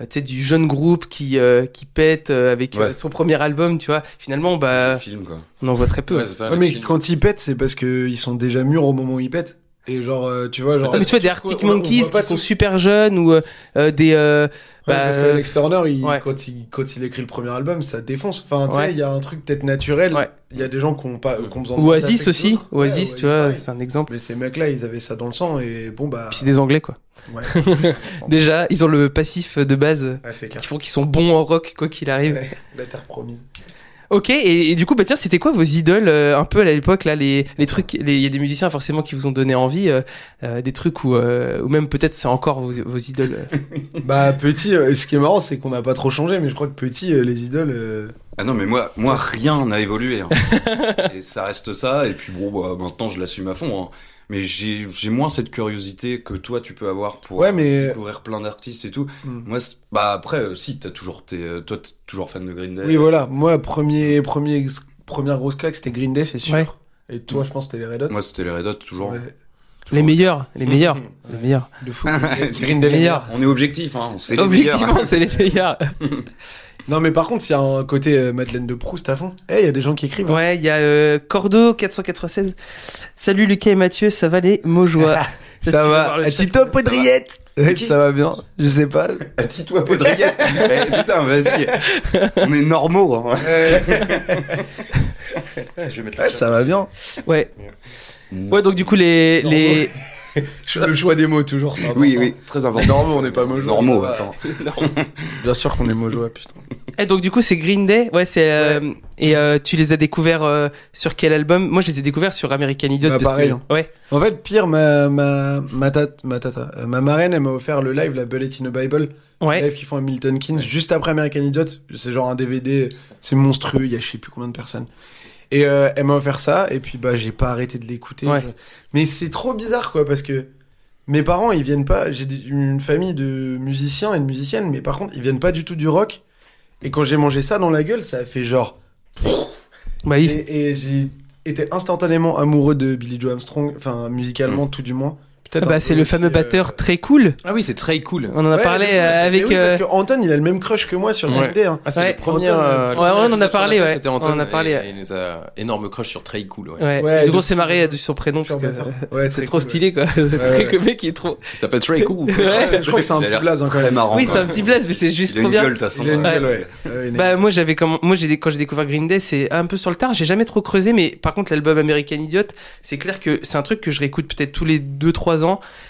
[SPEAKER 1] euh, tu sais du jeune groupe qui euh, qui pète euh, avec euh,
[SPEAKER 3] Ouais.
[SPEAKER 1] son premier album, tu vois. Finalement, bah
[SPEAKER 3] façon, Film, quoi.
[SPEAKER 1] on en voit très peu.
[SPEAKER 2] Ouais, c'est ça,
[SPEAKER 4] Ouais,
[SPEAKER 2] les
[SPEAKER 4] mais
[SPEAKER 2] films.
[SPEAKER 4] quand ils pètent, c'est parce qu'ils sont déjà mûrs au moment où ils pètent. Et genre, euh, tu vois, genre.
[SPEAKER 1] Ah, mais tu vois des Arctic
[SPEAKER 4] on- on
[SPEAKER 1] Monkeys
[SPEAKER 4] voit pas
[SPEAKER 1] qui sont
[SPEAKER 4] tout.
[SPEAKER 1] super jeunes ou euh, euh, des euh,
[SPEAKER 4] Ouais,
[SPEAKER 1] bah,
[SPEAKER 4] parce que Alex Turner, il-
[SPEAKER 1] ouais.
[SPEAKER 4] quand, il, quand il écrit le premier album, ça défonce. Enfin, tu sais, il
[SPEAKER 1] Ouais.
[SPEAKER 4] y a un truc peut-être naturel. Il
[SPEAKER 1] Ouais.
[SPEAKER 4] y a des gens qui ont, pas, qui ont besoin de plus
[SPEAKER 1] Oasis
[SPEAKER 4] d'affect que
[SPEAKER 1] aussi.
[SPEAKER 4] d'autres. Ouais,
[SPEAKER 1] Oasis, tu vois,
[SPEAKER 4] pareil.
[SPEAKER 1] c'est un exemple.
[SPEAKER 4] Mais ces mecs-là, ils avaient ça dans le sang et bon, bah.
[SPEAKER 1] Puis c'est des Anglais quoi.
[SPEAKER 4] Ouais,
[SPEAKER 1] Déjà, ils ont le passif de base
[SPEAKER 4] Ouais, c'est clair.
[SPEAKER 1] qui font qu'ils sont bons en rock quoi qu'il arrive.
[SPEAKER 4] Ouais, La terre promise.
[SPEAKER 1] Ok, et, et du coup, bah tiens, c'était quoi vos idoles euh, un peu à l'époque là, les, les trucs, les- il y a des musiciens forcément qui vous ont donné envie, euh, euh, des trucs où, euh, ou même peut-être c'est encore vos, vos idoles. euh.
[SPEAKER 4] Bah, petit, euh, ce qui est marrant, c'est qu'on n'a pas trop changé, mais je crois que petit, euh, les idoles. euh,
[SPEAKER 3] Ah non, mais moi, moi rien n'a évolué. hein. et ça reste ça. Et puis bon, bah, maintenant, je l'assume à fond. hein. Mais j'ai j'ai moins cette curiosité que toi, tu peux avoir pour
[SPEAKER 4] Ouais, mais-
[SPEAKER 3] découvrir plein d'artistes et tout.
[SPEAKER 4] Hmm.
[SPEAKER 3] Moi, c'est- bah après, euh, si, t'as toujours, t'es, euh, toi, t'es toujours fan de Green Day.
[SPEAKER 4] Oui, voilà. Moi, premier, premier, première grosse claque, c'était Green Day, c'est sûr.
[SPEAKER 1] Ouais.
[SPEAKER 4] Et toi, je pense que c'était les Red Hot.
[SPEAKER 3] Moi, c'était les Red Hot, toujours.
[SPEAKER 4] Ouais.
[SPEAKER 1] les meilleurs, les meilleurs, les meilleurs.
[SPEAKER 4] De fou.
[SPEAKER 3] Green
[SPEAKER 1] Les meilleurs.
[SPEAKER 3] On est objectif, hein. C'est les meilleurs.
[SPEAKER 1] Objectivement, c'est les meilleurs.
[SPEAKER 4] Non, mais par contre, il y a un côté euh, Madeleine de Proust à fond. Eh, il y a des gens qui écrivent.
[SPEAKER 1] Ouais, il y a euh, Cordo 496. Salut Lucas et Mathieu, ça va les Mojois Est-ce que tu veux
[SPEAKER 4] Ça va.
[SPEAKER 1] voir le
[SPEAKER 4] Ah,
[SPEAKER 1] chat
[SPEAKER 4] Tito Podriette. Ouais,
[SPEAKER 3] qui
[SPEAKER 4] Ça va bien. Je sais pas.
[SPEAKER 3] Dis-toi, Podriette. Eh, putain, vas-y. On est normaux, hein.
[SPEAKER 2] Je vais mettre la
[SPEAKER 4] Ouais, ça va bien.
[SPEAKER 1] Ouais. Ouais, donc du coup les
[SPEAKER 4] Non,
[SPEAKER 1] les
[SPEAKER 4] Le choix des mots, toujours. c'est
[SPEAKER 3] Oui,
[SPEAKER 4] important.
[SPEAKER 3] oui, c'est très important.
[SPEAKER 4] Normaux, on n'est pas mojo.
[SPEAKER 3] Normaux,
[SPEAKER 4] ça va.
[SPEAKER 3] attends.
[SPEAKER 4] Bien sûr qu'on est mojo, ah, putain.
[SPEAKER 1] Eh, donc du coup c'est Green Day. Ouais, c'est euh, et euh, tu les as découverts euh, sur quel album Moi, je les ai découverts sur American Idiot
[SPEAKER 4] Bah,
[SPEAKER 1] parce
[SPEAKER 4] pareil,
[SPEAKER 1] que
[SPEAKER 4] hein.
[SPEAKER 1] ouais.
[SPEAKER 4] En fait, pire, ma, ma, ma, tate- ma tata, euh, ma marraine, elle m'a offert le live, la Bullet in a Bible.
[SPEAKER 1] Ouais.
[SPEAKER 4] live qu'ils font à Milton Keynes juste après American Idiot. C'est genre un DVD, c'est monstrueux, il y a je sais plus combien de personnes. Et euh, elle m'a offert ça, et puis bah j'ai pas arrêté de l'écouter.
[SPEAKER 1] Ouais.
[SPEAKER 4] Je- Mais c'est trop bizarre quoi, parce que mes parents ils viennent pas, j'ai des- une famille de musiciens et de musiciennes, mais par contre ils viennent pas du tout du rock. Et quand j'ai mangé ça dans la gueule, ça a fait genre.
[SPEAKER 1] Bah oui.
[SPEAKER 4] Et, et j'ai été instantanément amoureux de Billy Joe Armstrong, enfin musicalement tout du moins. Peut-être
[SPEAKER 1] Ah
[SPEAKER 4] un peu
[SPEAKER 1] bah c'est le
[SPEAKER 4] aussi,
[SPEAKER 1] fameux
[SPEAKER 4] euh,
[SPEAKER 1] batteur très cool.
[SPEAKER 2] Ah oui, c'est très cool.
[SPEAKER 1] On en a
[SPEAKER 4] Ouais,
[SPEAKER 1] parlé
[SPEAKER 4] mais ça-
[SPEAKER 1] euh,
[SPEAKER 4] mais
[SPEAKER 1] avec
[SPEAKER 4] oui,
[SPEAKER 1] euh,
[SPEAKER 4] parce que Anton, il a le même crush que moi sur
[SPEAKER 2] Ouais.
[SPEAKER 4] Green Day, hein.
[SPEAKER 2] Ah, c'est
[SPEAKER 1] Ouais.
[SPEAKER 2] le premier.
[SPEAKER 4] Anton,
[SPEAKER 2] euh,
[SPEAKER 4] ouais,
[SPEAKER 2] le premier
[SPEAKER 1] on en a
[SPEAKER 2] épisode qu'on
[SPEAKER 1] parlé,
[SPEAKER 2] fait,
[SPEAKER 1] ouais.
[SPEAKER 2] c'était Anton
[SPEAKER 1] On en a parlé,
[SPEAKER 2] et-
[SPEAKER 1] ouais.
[SPEAKER 2] et Il nous a énorme crush sur Très Cool. ouais.
[SPEAKER 1] Ouais.
[SPEAKER 4] Ouais,
[SPEAKER 1] du coup, on
[SPEAKER 4] de-
[SPEAKER 1] s'est marré du son prénom
[SPEAKER 4] Sur
[SPEAKER 1] parce que
[SPEAKER 4] batteur.
[SPEAKER 1] euh,
[SPEAKER 4] Ouais,
[SPEAKER 1] c'est
[SPEAKER 4] très
[SPEAKER 1] trop
[SPEAKER 4] cool,
[SPEAKER 1] stylé quoi.
[SPEAKER 4] ouais.
[SPEAKER 1] Le mec il est trop.
[SPEAKER 2] Il s'appelle Très Cool.
[SPEAKER 1] Ouais.
[SPEAKER 4] ouais. Je crois que c'est un
[SPEAKER 3] Il a
[SPEAKER 4] petit
[SPEAKER 3] l'air
[SPEAKER 4] blaze hein, quand
[SPEAKER 3] Très
[SPEAKER 4] même.
[SPEAKER 3] marrant.
[SPEAKER 1] Oui,
[SPEAKER 3] quoi.
[SPEAKER 1] c'est un petit blast mais c'est juste
[SPEAKER 3] Il a
[SPEAKER 1] trop
[SPEAKER 3] une
[SPEAKER 1] bien.
[SPEAKER 3] gueule, t'as
[SPEAKER 4] Il a une
[SPEAKER 1] Ouais.
[SPEAKER 4] gueule, ouais. Ouais, il a-
[SPEAKER 1] Bah moi j'avais comme moi j'ai dé- quand j'ai découvert Green Day c'est un peu sur le tard j'ai jamais trop creusé mais par contre l'album American Idiot c'est clair que c'est un truc que je réécoute peut-être tous les 2-3 ans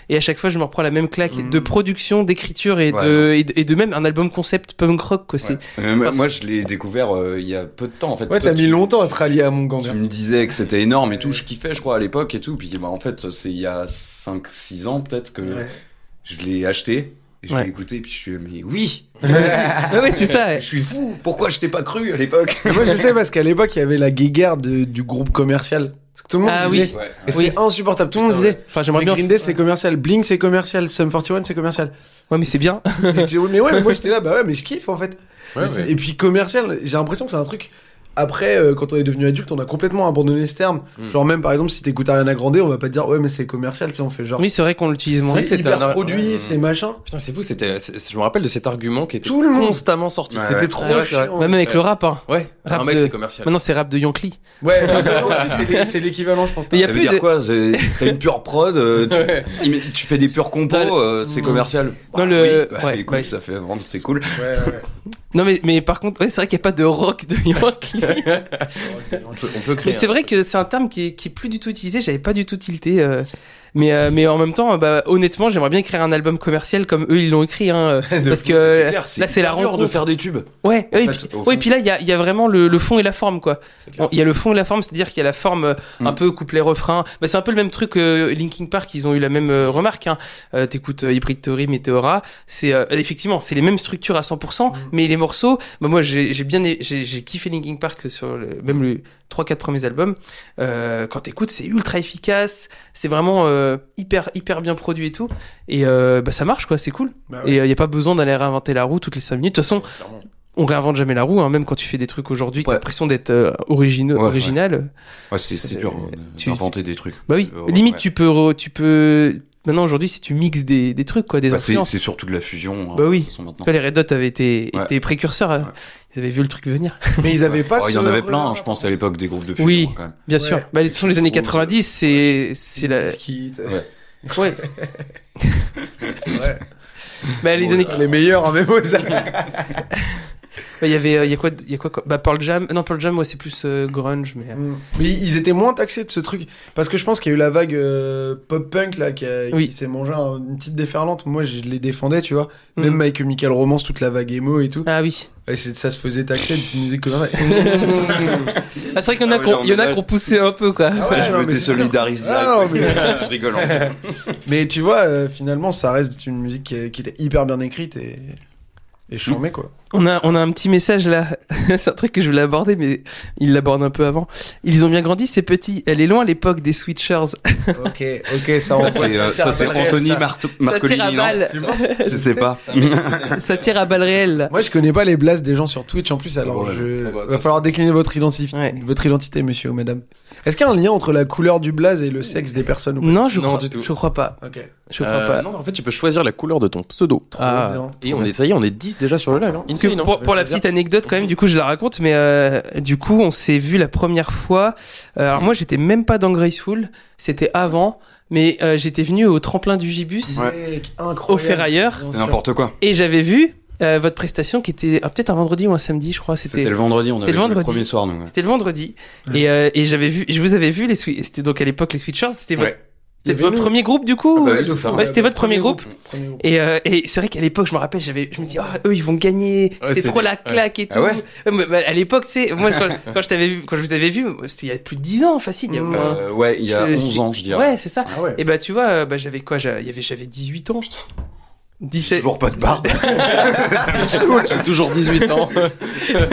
[SPEAKER 1] et à chaque fois je me reprends la même claque
[SPEAKER 4] Mhm.
[SPEAKER 1] de production d'écriture et
[SPEAKER 3] Ouais,
[SPEAKER 1] de et de, et de même un album concept punk rock quoi c'est
[SPEAKER 3] Euh, Mais moi,
[SPEAKER 1] Enfin,
[SPEAKER 3] moi, je l'ai découvert euh, il y a peu de temps en fait.
[SPEAKER 4] Ouais, t'as
[SPEAKER 3] Toi,
[SPEAKER 4] mis
[SPEAKER 3] tu-
[SPEAKER 4] longtemps à te rallier à mon hein. gang.
[SPEAKER 3] Tu me disais que c'était énorme et tout, je kiffais je crois à l'époque et tout. Puis bah, en fait, c'est il y a 5-6 ans peut-être que
[SPEAKER 4] Ouais.
[SPEAKER 3] je l'ai acheté, et je
[SPEAKER 1] Ouais.
[SPEAKER 3] l'ai écouté, puis je suis mais oui,
[SPEAKER 1] ouais, ouais c'est ça ouais.
[SPEAKER 3] je suis fou, pourquoi je t'ai pas cru à l'époque
[SPEAKER 4] Moi, je sais parce qu'à l'époque, il y avait la guéguerre de- du groupe commercial. Parce que tout le monde
[SPEAKER 1] Ah
[SPEAKER 4] disait.
[SPEAKER 1] oui.
[SPEAKER 3] Ouais.
[SPEAKER 4] Et c'était insupportable. Tout le monde
[SPEAKER 3] Putain, ouais.
[SPEAKER 4] disait.
[SPEAKER 1] enfin j'aimerais
[SPEAKER 4] mais
[SPEAKER 1] bien
[SPEAKER 4] Green Day c'est commercial, Blink c'est commercial, Sum 41 c'est commercial.
[SPEAKER 1] ouais mais c'est bien
[SPEAKER 4] Et je dis, oui, mais ouais, mais moi j'étais là, bah ouais, mais je kiffe en fait.
[SPEAKER 2] Ouais,
[SPEAKER 4] Et
[SPEAKER 2] ouais.
[SPEAKER 4] c'est- Et puis commercial, j'ai l'impression que c'est un truc. Après, euh, quand on est devenu adulte, on a complètement abandonné ce terme.
[SPEAKER 2] Mm.
[SPEAKER 4] Genre même par exemple, si t'écoutes Ariana Grande, on va pas te dire ouais, mais c'est commercial, tu sais, on fait genre.
[SPEAKER 1] oui c'est vrai qu'on l'utilise moins
[SPEAKER 2] vrai que
[SPEAKER 4] c'est
[SPEAKER 2] c'était
[SPEAKER 4] hyper
[SPEAKER 2] un-
[SPEAKER 4] produit,
[SPEAKER 2] ouais.
[SPEAKER 4] c'est machin.
[SPEAKER 2] Putain, c'est fou, c'était, c'est- je me rappelle de cet argument qui était
[SPEAKER 4] Tout le monde.
[SPEAKER 2] constamment sorti.
[SPEAKER 3] Ouais,
[SPEAKER 2] C'était-
[SPEAKER 4] C'était trop
[SPEAKER 1] C'est vrai, c'est vrai.
[SPEAKER 4] chiant.
[SPEAKER 1] Bah, même avec le rap hein.
[SPEAKER 2] Ouais,
[SPEAKER 1] Rap
[SPEAKER 2] un mec,
[SPEAKER 1] de-
[SPEAKER 2] c'est commercial.
[SPEAKER 1] maintenant c'est rap de Yonkli
[SPEAKER 4] Ouais, c'est- c'est l'équivalent, je pense.
[SPEAKER 1] Mais il y a
[SPEAKER 3] Ça veut
[SPEAKER 1] plus
[SPEAKER 3] dire
[SPEAKER 1] de-
[SPEAKER 3] quoi c'est- T'as une pure prod, euh, tu, mais tu fais des purs compos,
[SPEAKER 1] Dans le-
[SPEAKER 3] euh, c'est commercial.
[SPEAKER 1] Bah, hmm. Dans le-
[SPEAKER 3] oui, bah,
[SPEAKER 1] ouais,
[SPEAKER 3] écoute,
[SPEAKER 1] ouais.
[SPEAKER 3] ça fait vendre, c'est cool.
[SPEAKER 1] non mais mais par contre ouais c'est vrai qu'il y a pas de rock de Yonkli
[SPEAKER 2] on, peut, on peut
[SPEAKER 1] Mais
[SPEAKER 2] créer.
[SPEAKER 1] c'est
[SPEAKER 2] un-
[SPEAKER 1] vrai que c'est un terme qui est, qui est plus du tout utilisé, j'avais pas du tout tilté. euh, mais, euh, mais en même temps, bah, honnêtement, j'aimerais bien écrire un album commercial comme eux ils l'ont écrit. Hein, euh, parce que euh, là, c'est la
[SPEAKER 3] rencontre de
[SPEAKER 1] rencontre.
[SPEAKER 3] faire des tubes.
[SPEAKER 1] Ouais, ouais, et
[SPEAKER 3] fait,
[SPEAKER 1] puis,
[SPEAKER 3] au
[SPEAKER 1] ouais,
[SPEAKER 3] fond.
[SPEAKER 1] et puis là, il y a, il y a vraiment le, le fond et la forme, quoi.
[SPEAKER 3] C'est clair.
[SPEAKER 1] Bon, Il y a le fond et la forme, c'est-à-dire qu'il y a la forme euh, un
[SPEAKER 3] Mm.
[SPEAKER 1] peu couplet-refrain. Bah, c'est un peu le même truc que Linkin Park, ils ont eu la même euh, remarque. Hein. Euh, T'écoutes euh, Hybrid Theory, Meteora, c'est euh, effectivement c'est les mêmes structures à
[SPEAKER 3] Mm.
[SPEAKER 1] 100%, mais les morceaux, bah, moi j'ai j'ai bien j'ai j'ai kiffé Linkin Park sur le, même les trois quatre premiers albums. Euh, quand t'écoutes, c'est ultra efficace, c'est vraiment euh, hyper hyper bien produit et tout, et euh, bah, ça marche quoi, c'est cool.
[SPEAKER 4] Ah
[SPEAKER 1] Et il n'y a pas besoin d'aller réinventer la roue toutes les 5 minutes. De toute façon,
[SPEAKER 2] Clairement.
[SPEAKER 1] on réinvente jamais la roue, hein, même quand tu fais des trucs aujourd'hui, t'as
[SPEAKER 3] Ouais.
[SPEAKER 1] l'impression d'être euh, originaux-
[SPEAKER 3] Ouais, ouais.
[SPEAKER 1] original.
[SPEAKER 3] Ouais, c'est c'est dur
[SPEAKER 1] Euh,
[SPEAKER 3] euh,
[SPEAKER 1] tu-
[SPEAKER 3] d'inventer des trucs.
[SPEAKER 1] Bah oui,
[SPEAKER 3] Euh,
[SPEAKER 1] limite
[SPEAKER 3] ouais.
[SPEAKER 1] tu peux, re- tu peux. Maintenant aujourd'hui, si tu mixes des, des trucs quoi, des
[SPEAKER 3] Bah, c'est
[SPEAKER 1] influences.
[SPEAKER 3] c'est surtout de la fusion. hein,
[SPEAKER 1] Bah oui.
[SPEAKER 3] de toute façon, maintenant.
[SPEAKER 1] Tu vois, les Red Dot avaient été,
[SPEAKER 3] Ouais.
[SPEAKER 1] étaient précurseurs, hein.
[SPEAKER 3] Ouais.
[SPEAKER 1] ils avaient vu le truc venir.
[SPEAKER 4] Mais ils avaient pas.
[SPEAKER 3] Oh, Il y
[SPEAKER 4] ce
[SPEAKER 3] en avait plein,
[SPEAKER 4] regard.
[SPEAKER 3] hein, je pense, à l'époque des groupes de fusion.
[SPEAKER 1] Oui.
[SPEAKER 3] quand même.
[SPEAKER 1] Bien
[SPEAKER 4] Ouais.
[SPEAKER 1] sûr. Bah, de toute façon, les années 90, c'est, c'est la.
[SPEAKER 4] Biscuit, euh,
[SPEAKER 3] Ouais.
[SPEAKER 1] Ouais.
[SPEAKER 4] c'est vrai.
[SPEAKER 1] Bah, les années.
[SPEAKER 4] hein, Les meilleurs en même aux
[SPEAKER 1] Bah, Il y avait, euh, il y a quoi, il y a quoi, quoi- bah Pearl Jam. Non, Pearl Jam, ouais, c'est plus euh, grunge, mais. euh,
[SPEAKER 4] Mm. Mais ils étaient moins taxés de ce truc. Parce que je pense qu'il y a eu la vague euh, pop-punk là, qui, a- qui
[SPEAKER 1] Oui.
[SPEAKER 4] s'est mangé un- une petite déferlante. Moi, je les défendais, tu vois.
[SPEAKER 1] Mm.
[SPEAKER 4] Même avec Michael Romance, toute la vague emo et tout.
[SPEAKER 1] Ah oui.
[SPEAKER 4] Et c'est- ça se faisait taxer de musique comme ça.
[SPEAKER 1] Ah, c'est vrai qu'il y en
[SPEAKER 3] Ah
[SPEAKER 1] a
[SPEAKER 3] oui,
[SPEAKER 1] qu'on-
[SPEAKER 3] là, on
[SPEAKER 1] il y en a
[SPEAKER 3] est-
[SPEAKER 1] qu'on poussait un peu, quoi.
[SPEAKER 4] Ah ouais,
[SPEAKER 3] je
[SPEAKER 4] non,
[SPEAKER 3] me
[SPEAKER 4] mais c'est sûr.
[SPEAKER 3] désolidarise direct.
[SPEAKER 4] Ah, non, mais-
[SPEAKER 3] je rigole. en fait.
[SPEAKER 4] Mais tu vois, euh, finalement, ça reste une musique qui, qui était hyper bien écrite et, et charmée, quoi.
[SPEAKER 1] On a, on a un petit message là. c'est un truc que je voulais aborder, mais il l'aborde un peu avant. Ils ont bien grandi, ces petits. Elle est loin l'époque des switchers.
[SPEAKER 4] ok, ok, ça
[SPEAKER 3] Ça, c'est, euh, ça, c'est Anthony Marto-
[SPEAKER 1] Ça tire à
[SPEAKER 3] Marcolini, non
[SPEAKER 1] balles.
[SPEAKER 3] Je sais pas.
[SPEAKER 1] Ça tire à balles réelles.
[SPEAKER 4] Moi, je connais pas les blasts des gens sur Twitch en plus, alors
[SPEAKER 3] Ah Ouais.
[SPEAKER 4] je...
[SPEAKER 2] Oh, bah,
[SPEAKER 4] va falloir décliner votre, identifi-
[SPEAKER 1] Ouais.
[SPEAKER 4] votre identité, monsieur ou madame. Est-ce qu'il y a un lien entre la couleur du blaze et le sexe des personnes ou
[SPEAKER 1] Non, je
[SPEAKER 2] Non,
[SPEAKER 1] crois,
[SPEAKER 2] du tout.
[SPEAKER 1] je crois pas.
[SPEAKER 4] pas Ok.
[SPEAKER 1] Je crois
[SPEAKER 2] Euh,
[SPEAKER 1] pas.
[SPEAKER 2] Non, en fait, tu peux choisir la couleur de ton pseudo.
[SPEAKER 1] Ah.
[SPEAKER 4] bien.
[SPEAKER 2] Et on est, ça y est, on est 10 déjà sur le live. hein.
[SPEAKER 1] Parce que
[SPEAKER 2] Insane, hein, ça
[SPEAKER 1] pour,
[SPEAKER 2] fait
[SPEAKER 1] pour la
[SPEAKER 2] plaisir.
[SPEAKER 1] petite anecdote quand même, du coup je la raconte, mais euh, du coup on s'est vu la première fois. Euh, alors moi j'étais même pas dans Graceful, c'était avant, mais euh, j'étais venu au tremplin du Gibus
[SPEAKER 4] Mec, incroyable.
[SPEAKER 1] au Ferrailleur
[SPEAKER 4] Bien
[SPEAKER 3] C'est
[SPEAKER 4] sûr.
[SPEAKER 3] n'importe quoi.
[SPEAKER 1] et j'avais vu euh, votre prestation qui était ah, peut-être un vendredi ou un samedi, je crois.
[SPEAKER 3] C'était le vendredi, on
[SPEAKER 1] c'était
[SPEAKER 3] avait
[SPEAKER 1] le
[SPEAKER 3] le,
[SPEAKER 1] vendredi.
[SPEAKER 3] premier soir. nous, ouais.
[SPEAKER 1] C'était le vendredi et, euh, et j'avais vu, je vous avais vu les swi- c'était donc à l'époque les Switchers, c'était votre,
[SPEAKER 2] Ouais.
[SPEAKER 1] c'était
[SPEAKER 4] Il y avait
[SPEAKER 1] votre
[SPEAKER 4] nous.
[SPEAKER 1] premier groupe du coup.
[SPEAKER 3] Ah bah
[SPEAKER 1] ou-
[SPEAKER 3] oui, c'est ça.
[SPEAKER 1] Ouais, c'était votre premier groupe.
[SPEAKER 4] Premier groupe.
[SPEAKER 1] Et, euh, et c'est vrai qu'à l'époque, je me rappelle, j'avais, je me dis, ah, eux, ils vont gagner.
[SPEAKER 2] Ouais,
[SPEAKER 1] c'était
[SPEAKER 2] c'est
[SPEAKER 1] trop
[SPEAKER 2] des-
[SPEAKER 1] la claque et tout.
[SPEAKER 3] Ah ouais
[SPEAKER 1] Euh, mais, bah, à l'époque, tu sais, moi, quand, quand je t'avais vu, quand je vous avais vu, c'était il y a plus de 10 ans, facile. il y a au moins-
[SPEAKER 3] Euh, ouais, il y a
[SPEAKER 1] C'était-
[SPEAKER 3] 11 ans, je dirais.
[SPEAKER 1] ouais, c'est ça.
[SPEAKER 4] Ah ouais.
[SPEAKER 1] Et bah, tu vois, euh, bah, j'avais quoi, j'avais, il y avait- j'avais 18 ans, je 17.
[SPEAKER 3] Toujours pas de barbe.
[SPEAKER 2] J'ai toujours 18 ans.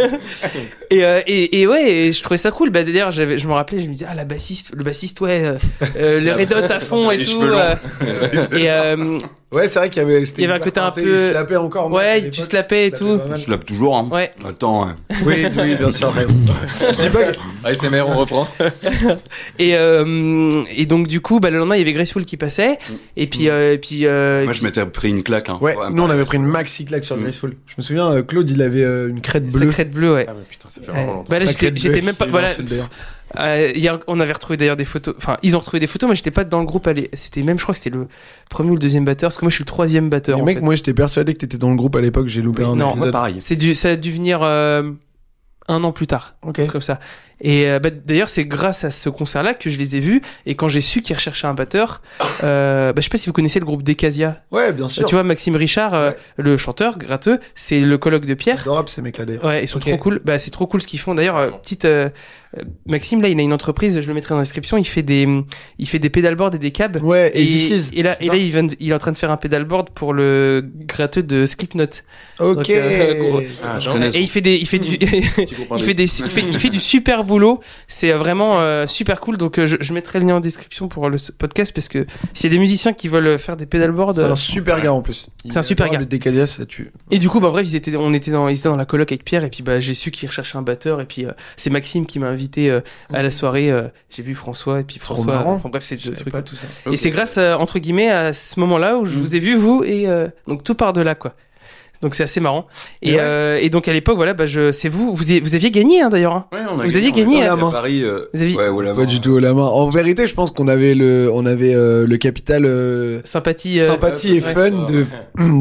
[SPEAKER 1] Et, euh, et, et ouais, et je trouvais ça cool. Bah, d'ailleurs, j'avais, je me rappelais, je me disais, ah, la bassiste, le bassiste, ouais, euh, euh, le Red Hot à fond et
[SPEAKER 3] Les
[SPEAKER 1] tout.
[SPEAKER 3] cheveux longs.
[SPEAKER 1] euh, et, euh,
[SPEAKER 4] Ouais, c'est vrai qu'il y avait.
[SPEAKER 1] Il y avait un côté un peu-
[SPEAKER 4] Il se lapait encore. moi, à
[SPEAKER 1] ouais,
[SPEAKER 4] l'époque.
[SPEAKER 1] tu slapais et
[SPEAKER 4] Il se lapait
[SPEAKER 1] tout.
[SPEAKER 4] pas mal.
[SPEAKER 3] Je l'appe toujours. Hein.
[SPEAKER 1] Ouais.
[SPEAKER 3] Attends, ouais.
[SPEAKER 4] Oui, oui, bien sûr. mais- Je dis pas que-
[SPEAKER 2] ASMR, on reprend.
[SPEAKER 1] Et, euh, et donc du coup, bah, le lendemain, il y avait Graceful qui passait. Et puis, euh, et puis, euh,
[SPEAKER 3] Mm. Moi, je m'étais pris une claque. Hein.
[SPEAKER 4] Ouais,
[SPEAKER 3] Ouais,
[SPEAKER 4] nous on avait pris une maxi claque sur le
[SPEAKER 3] Mm.
[SPEAKER 4] Graceful. Je me souviens, euh, Claude il avait euh, une crête bleue.
[SPEAKER 1] Secret Bleu, ouais.
[SPEAKER 2] Ah, mais putain, ça fait
[SPEAKER 1] Ouais.
[SPEAKER 2] vraiment longtemps.
[SPEAKER 1] Bah là,
[SPEAKER 4] Sacrée
[SPEAKER 1] j'étais
[SPEAKER 4] bleue.
[SPEAKER 1] j'étais même pas.
[SPEAKER 4] Il
[SPEAKER 1] Voilà,
[SPEAKER 4] l'insulte, d'ailleurs.
[SPEAKER 1] euh, hier, on avait retrouvé d'ailleurs des photos. Enfin, ils ont retrouvé des photos. Moi, j'étais pas dans le groupe. allez, C'était même, je crois que c'était le premier ou le deuxième batteur. Parce que moi, je suis le troisième batteur.
[SPEAKER 4] Mais
[SPEAKER 1] en
[SPEAKER 4] mec,
[SPEAKER 1] fait.
[SPEAKER 4] moi j'étais persuadé que t'étais dans le groupe à l'époque, j'ai loupé un
[SPEAKER 1] non,
[SPEAKER 3] Ouais,
[SPEAKER 4] épisode.
[SPEAKER 3] pareil.
[SPEAKER 1] C'est du, ça a dû venir euh, un an plus tard.
[SPEAKER 4] Ok.
[SPEAKER 1] C'est comme ça. Et euh, bah, d'ailleurs, c'est grâce à ce concert-là que je les ai vus. Et quand j'ai su qu'ils recherchaient un batteur, euh, bah, je sais pas si vous connaissez le groupe Decasia.
[SPEAKER 4] Ouais, bien sûr.
[SPEAKER 1] Tu vois, Maxime Richard, euh,
[SPEAKER 4] Ouais.
[SPEAKER 1] le chanteur gratteux, c'est le colloque de Pierre.
[SPEAKER 4] Adorable ces mecs là d'ailleurs.
[SPEAKER 1] Ouais, ils sont
[SPEAKER 4] Ok.
[SPEAKER 1] trop cool. Bah, c'est trop cool ce qu'ils font. D'ailleurs, euh,
[SPEAKER 2] Vraiment.
[SPEAKER 1] petite euh, euh, Maxime, là, il a une entreprise. Je le mettrai dans la description. Il fait des, il fait des pédalboards et des câbles.
[SPEAKER 4] Ouais, et This Is,
[SPEAKER 1] et, là,
[SPEAKER 4] c'est
[SPEAKER 1] et
[SPEAKER 4] ça
[SPEAKER 1] là, il, vient de- il est en train de faire un pédalboard pour le gratteux de Slipknot.
[SPEAKER 4] Ok.
[SPEAKER 1] Donc, euh, gros-
[SPEAKER 3] Ah, je
[SPEAKER 2] Genre,
[SPEAKER 3] connais.
[SPEAKER 1] Et il fait des, il fait du, il
[SPEAKER 2] Petit groupe indé.
[SPEAKER 1] fait des, il fait, il fait du super boulot. C'est vraiment euh, super cool. Donc, euh, je, je mettrai le lien en description pour le podcast parce que s'il y a des musiciens qui veulent faire des pédalboards,
[SPEAKER 4] C'est
[SPEAKER 1] euh,
[SPEAKER 4] un super gars en plus.
[SPEAKER 1] C'est un super gars.
[SPEAKER 4] Le Décadias, ça tue.
[SPEAKER 1] Et du coup, bah bref, ils étaient, on était dans, ils étaient dans la coloc avec Pierre, et puis bah j'ai su qu'ils recherchaient un batteur, et puis euh, c'est Maxime qui m'a invité euh, à la soirée. euh, j'ai vu François, et puis
[SPEAKER 4] Trop
[SPEAKER 1] François.
[SPEAKER 4] marrant.
[SPEAKER 1] Enfin bref, c'est deux
[SPEAKER 4] Je savais
[SPEAKER 1] trucs.
[SPEAKER 4] pas Mm. tout ça.
[SPEAKER 1] Et c'est grâce euh, entre guillemets à ce moment-là où je vous ai vu vous, et euh, donc tout part de là quoi. Donc c'est assez marrant. Et,
[SPEAKER 4] Mais ouais.
[SPEAKER 1] euh, et donc à l'époque, voilà, bah je, c'est vous, vous, y- vous aviez gagné hein, d'ailleurs. hein.
[SPEAKER 3] Ouais, on a
[SPEAKER 1] Vous aviez
[SPEAKER 3] on est
[SPEAKER 1] gagné,
[SPEAKER 3] parti
[SPEAKER 1] à
[SPEAKER 3] à
[SPEAKER 1] Mans.
[SPEAKER 3] Paris. euh,
[SPEAKER 1] Vous aviez-
[SPEAKER 3] Ouais, voilà.
[SPEAKER 4] Pas du tout au la main. En vérité, je pense qu'on avait le, on avait euh, le capital euh,
[SPEAKER 1] Sympathie. euh,
[SPEAKER 4] sympathie et
[SPEAKER 1] ouais.
[SPEAKER 4] fun de,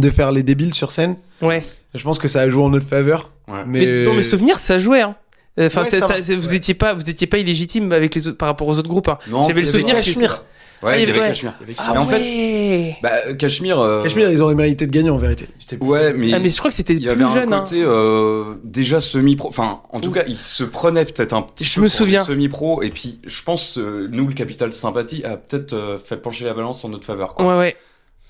[SPEAKER 4] de faire les débiles sur scène.
[SPEAKER 1] Ouais.
[SPEAKER 4] Je pense que ça a joué en notre faveur.
[SPEAKER 3] Ouais.
[SPEAKER 1] Mais,
[SPEAKER 4] Mais
[SPEAKER 1] dans mes souvenirs, ça jouait. Hein. Enfin,
[SPEAKER 4] Ouais,
[SPEAKER 1] c'est-
[SPEAKER 4] ça
[SPEAKER 1] ça-
[SPEAKER 4] va.
[SPEAKER 1] c'est- vous
[SPEAKER 4] Ouais.
[SPEAKER 1] étiez pas, vous étiez pas illégitime avec les autres, par rapport aux autres groupes. hein.
[SPEAKER 3] Non,
[SPEAKER 1] J'avais le
[SPEAKER 3] il y
[SPEAKER 1] souvenir
[SPEAKER 3] avait- Ah
[SPEAKER 1] que-
[SPEAKER 4] Cachemire.
[SPEAKER 1] Ah, il
[SPEAKER 3] Ouais,
[SPEAKER 1] y
[SPEAKER 3] il y avait
[SPEAKER 1] avait-
[SPEAKER 3] Cachemire.
[SPEAKER 4] Avec-
[SPEAKER 3] Mais en fait-
[SPEAKER 1] ouais.
[SPEAKER 3] Bah, Cachemire. euh,
[SPEAKER 4] Cachemire, ils auraient mérité de gagner en vérité.
[SPEAKER 3] Ouais, mais.
[SPEAKER 1] Ah, mais je crois que c'était
[SPEAKER 3] Il y avait
[SPEAKER 1] plus jeune.
[SPEAKER 3] un
[SPEAKER 1] hein.
[SPEAKER 3] côté euh, déjà semi-pro, enfin en tout
[SPEAKER 1] Oui.
[SPEAKER 3] cas il se prenait peut-être un petit
[SPEAKER 1] Je
[SPEAKER 3] peu
[SPEAKER 1] me
[SPEAKER 3] pour
[SPEAKER 1] souviens.
[SPEAKER 3] des semi-pro et puis je pense euh, nous le capital sympathie a peut-être euh, fait pencher la balance en notre faveur quoi.
[SPEAKER 1] Ouais, ouais.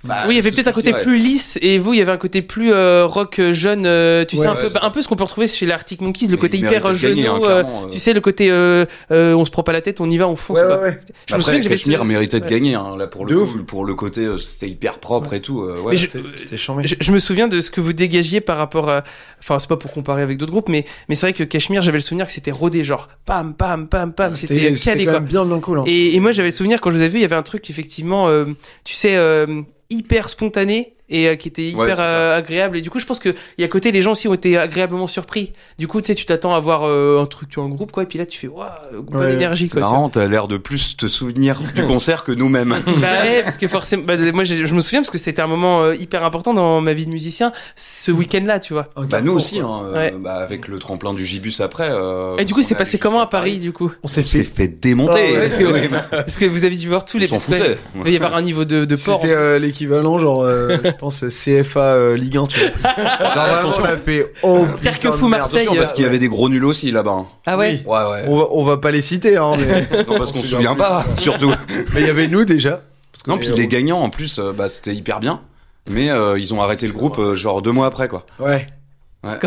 [SPEAKER 3] Bah,
[SPEAKER 1] oui, il y avait
[SPEAKER 3] ce
[SPEAKER 1] peut-être un
[SPEAKER 3] qui
[SPEAKER 1] côté
[SPEAKER 3] dirait.
[SPEAKER 1] plus lisse, et vous, il y avait un côté plus euh, rock euh, jeune, euh, tu sais,
[SPEAKER 4] Ouais,
[SPEAKER 1] un,
[SPEAKER 3] ouais,
[SPEAKER 1] peu,
[SPEAKER 3] c'est
[SPEAKER 1] bah,
[SPEAKER 3] ça.
[SPEAKER 1] un peu ce qu'on peut retrouver chez l'Arctic Monkeys, le
[SPEAKER 3] Mais
[SPEAKER 1] côté
[SPEAKER 3] il
[SPEAKER 1] hyper
[SPEAKER 3] méritait de gagner, hein,
[SPEAKER 1] genou, euh,
[SPEAKER 3] clairement, euh.
[SPEAKER 1] tu sais, le côté euh, euh, on se prend pas la tête, on y va, on fonce.
[SPEAKER 4] Ouais,
[SPEAKER 1] quoi.
[SPEAKER 4] ouais, ouais.
[SPEAKER 1] Je me
[SPEAKER 3] Après,
[SPEAKER 1] souviens que j'avais.
[SPEAKER 3] Cachemire
[SPEAKER 1] ce-
[SPEAKER 3] méritait de
[SPEAKER 1] Ouais.
[SPEAKER 3] gagner hein, là pour
[SPEAKER 4] De
[SPEAKER 3] le
[SPEAKER 4] ouf.
[SPEAKER 3] coup, pour le côté euh, c'était hyper propre et tout. euh, ouais.
[SPEAKER 1] Mais je-
[SPEAKER 4] C'était- C'était chambé.
[SPEAKER 1] Je, je me souviens de ce que vous dégagiez par rapport à. Enfin, c'est pas pour comparer avec d'autres groupes, mais, mais c'est vrai que Cachemire, j'avais le souvenir que c'était rodé, genre pam, pam, pam, pam, c'était
[SPEAKER 4] C'était c'était
[SPEAKER 1] calé
[SPEAKER 4] quand
[SPEAKER 1] quoi.
[SPEAKER 4] même bien, bien cool. hein.
[SPEAKER 1] Et, et moi, j'avais le souvenir quand je vous avais vu, il y avait un truc effectivement, euh, tu sais, euh, hyper spontané. et euh, qui était hyper
[SPEAKER 3] Ouais, c'est ça.
[SPEAKER 1] euh, agréable. Et du coup, je pense que il y a côté les gens aussi ont été agréablement surpris. Du coup, tu sais, tu t'attends à voir euh, un truc, tu vois, en groupe quoi, et puis là, tu fais waouh, bonne
[SPEAKER 4] Ouais,
[SPEAKER 1] énergie
[SPEAKER 3] C'est
[SPEAKER 1] quoi. tu
[SPEAKER 3] marrant, t'as l'air de plus te souvenir du concert que nous-mêmes.
[SPEAKER 1] Bah ouais, parce que forcément, bah, moi j'ai- je me souviens parce que c'était un moment euh, hyper important dans ma vie de musicien, ce week-end-là, tu vois.
[SPEAKER 4] Un
[SPEAKER 3] Bah nous
[SPEAKER 4] carrefour,
[SPEAKER 3] aussi,
[SPEAKER 4] quoi.
[SPEAKER 3] hein, euh,
[SPEAKER 1] Ouais.
[SPEAKER 3] bah, avec le tremplin du Gibus après. euh,
[SPEAKER 1] Et du coup,
[SPEAKER 3] parce
[SPEAKER 1] c'est
[SPEAKER 3] qu'on
[SPEAKER 1] passé
[SPEAKER 3] allait
[SPEAKER 1] comment Oh, à
[SPEAKER 3] jusqu'à
[SPEAKER 1] Paris, du coup
[SPEAKER 4] On s'est
[SPEAKER 3] On s'est
[SPEAKER 4] fait.
[SPEAKER 3] fait démonter.
[SPEAKER 4] Ah ouais,
[SPEAKER 1] parce que-
[SPEAKER 3] Ouais, bah,
[SPEAKER 1] Parce que vous avez dû voir tous les.
[SPEAKER 3] on s'en
[SPEAKER 1] parce que-
[SPEAKER 3] foutait.
[SPEAKER 1] Il va y avoir un niveau de, de port.
[SPEAKER 4] C'était euh, l'équivalent, genre, euh, je pense, CFA euh, Ligue 1, tu vois. Genre, vraiment,
[SPEAKER 3] attention.
[SPEAKER 4] on a fait, oh,
[SPEAKER 1] Pire
[SPEAKER 4] putain
[SPEAKER 1] que
[SPEAKER 4] de
[SPEAKER 1] fou,
[SPEAKER 4] merde.
[SPEAKER 1] Marseille. euh,
[SPEAKER 3] Attention, parce qu'il y avait des gros nuls aussi là-bas. hein.
[SPEAKER 1] Ah ouais
[SPEAKER 4] Oui.
[SPEAKER 3] Ah Ouais, ouais.
[SPEAKER 4] On va, on va pas les citer, hein, mais
[SPEAKER 3] Non, parce
[SPEAKER 4] On
[SPEAKER 3] qu'on Oh, se
[SPEAKER 4] se
[SPEAKER 3] souvient
[SPEAKER 4] souvient
[SPEAKER 3] pas, surtout.
[SPEAKER 4] mais il y avait nous déjà. Parce que-
[SPEAKER 3] Non, puis
[SPEAKER 4] euh,
[SPEAKER 3] les gagnants, en plus, euh, bah, c'était hyper bien. Mais euh, ils ont arrêté le groupe euh, genre deux mois après, quoi.
[SPEAKER 4] Ouais.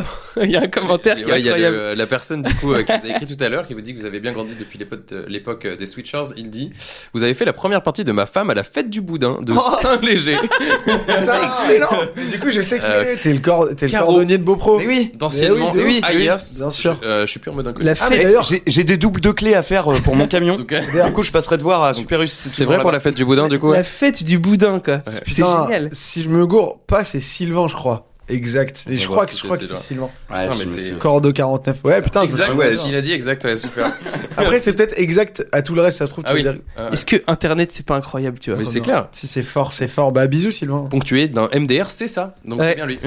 [SPEAKER 1] Il y a un commentaire qui est
[SPEAKER 2] Ouais, il y a
[SPEAKER 1] incroyable.
[SPEAKER 2] le- la personne du coup euh, qui vous a écrit tout à l'heure qui vous dit que vous avez bien grandi depuis l'époque- euh, l'époque euh, des Switchers. Il dit Vous avez fait la première partie de ma femme à la fête du boudin de Saint-Léger.
[SPEAKER 4] C'était excellent Mais Du coup, je sais qui
[SPEAKER 2] Euh,
[SPEAKER 4] est. T'es le, cor- t'es le
[SPEAKER 2] Caro.
[SPEAKER 4] cordonnier de Beaupro.
[SPEAKER 3] Mais oui.
[SPEAKER 2] D'anciennement,
[SPEAKER 4] Mais Eh oui, mais oui,
[SPEAKER 2] Ayers.
[SPEAKER 4] bien sûr.
[SPEAKER 2] Ah, Je, euh, je suis plus en mode inconnu.
[SPEAKER 4] La
[SPEAKER 3] Ah,
[SPEAKER 4] fête,
[SPEAKER 3] mais
[SPEAKER 4] d'ailleurs,
[SPEAKER 3] j'ai- j'ai des doubles de clés à faire euh, pour mon camion.
[SPEAKER 2] En tout cas,
[SPEAKER 3] Du coup, je passerai te voir à Superus. si tu
[SPEAKER 2] c'est
[SPEAKER 3] vas
[SPEAKER 2] vrai
[SPEAKER 3] là-bas.
[SPEAKER 2] pour la fête du boudin du coup
[SPEAKER 1] La fête du boudin, quoi. C'est c'est
[SPEAKER 4] putain,
[SPEAKER 1] génial.
[SPEAKER 4] si je me gourre pas, c'est Sylvain, je crois. Exact. Et
[SPEAKER 2] On
[SPEAKER 4] je
[SPEAKER 2] va
[SPEAKER 4] crois
[SPEAKER 2] voir
[SPEAKER 4] que,
[SPEAKER 2] si
[SPEAKER 4] je crois
[SPEAKER 2] c'est
[SPEAKER 4] que c'est Sylvain.
[SPEAKER 3] Ouais,
[SPEAKER 2] Putain,
[SPEAKER 3] je
[SPEAKER 2] mais
[SPEAKER 3] me
[SPEAKER 2] c'est-
[SPEAKER 3] suis-
[SPEAKER 4] Cordo 49. Ouais, putain, je me
[SPEAKER 2] Exact,
[SPEAKER 4] souviens.
[SPEAKER 3] ouais,
[SPEAKER 2] il a dit exact, ouais, super.
[SPEAKER 4] Après, c'est peut-être exact à tout le reste, ça se trouve.
[SPEAKER 2] Ah
[SPEAKER 4] tu
[SPEAKER 2] oui.
[SPEAKER 4] veux dire-
[SPEAKER 2] Ah,
[SPEAKER 1] Est-ce que Internet, c'est pas incroyable, tu vois
[SPEAKER 2] mais c'est clair.
[SPEAKER 4] Si c'est fort, c'est fort. Bah, bisous, Sylvain.
[SPEAKER 2] Ponctué d'un MDR, c'est ça. Donc
[SPEAKER 1] Ouais.
[SPEAKER 2] c'est bien lui.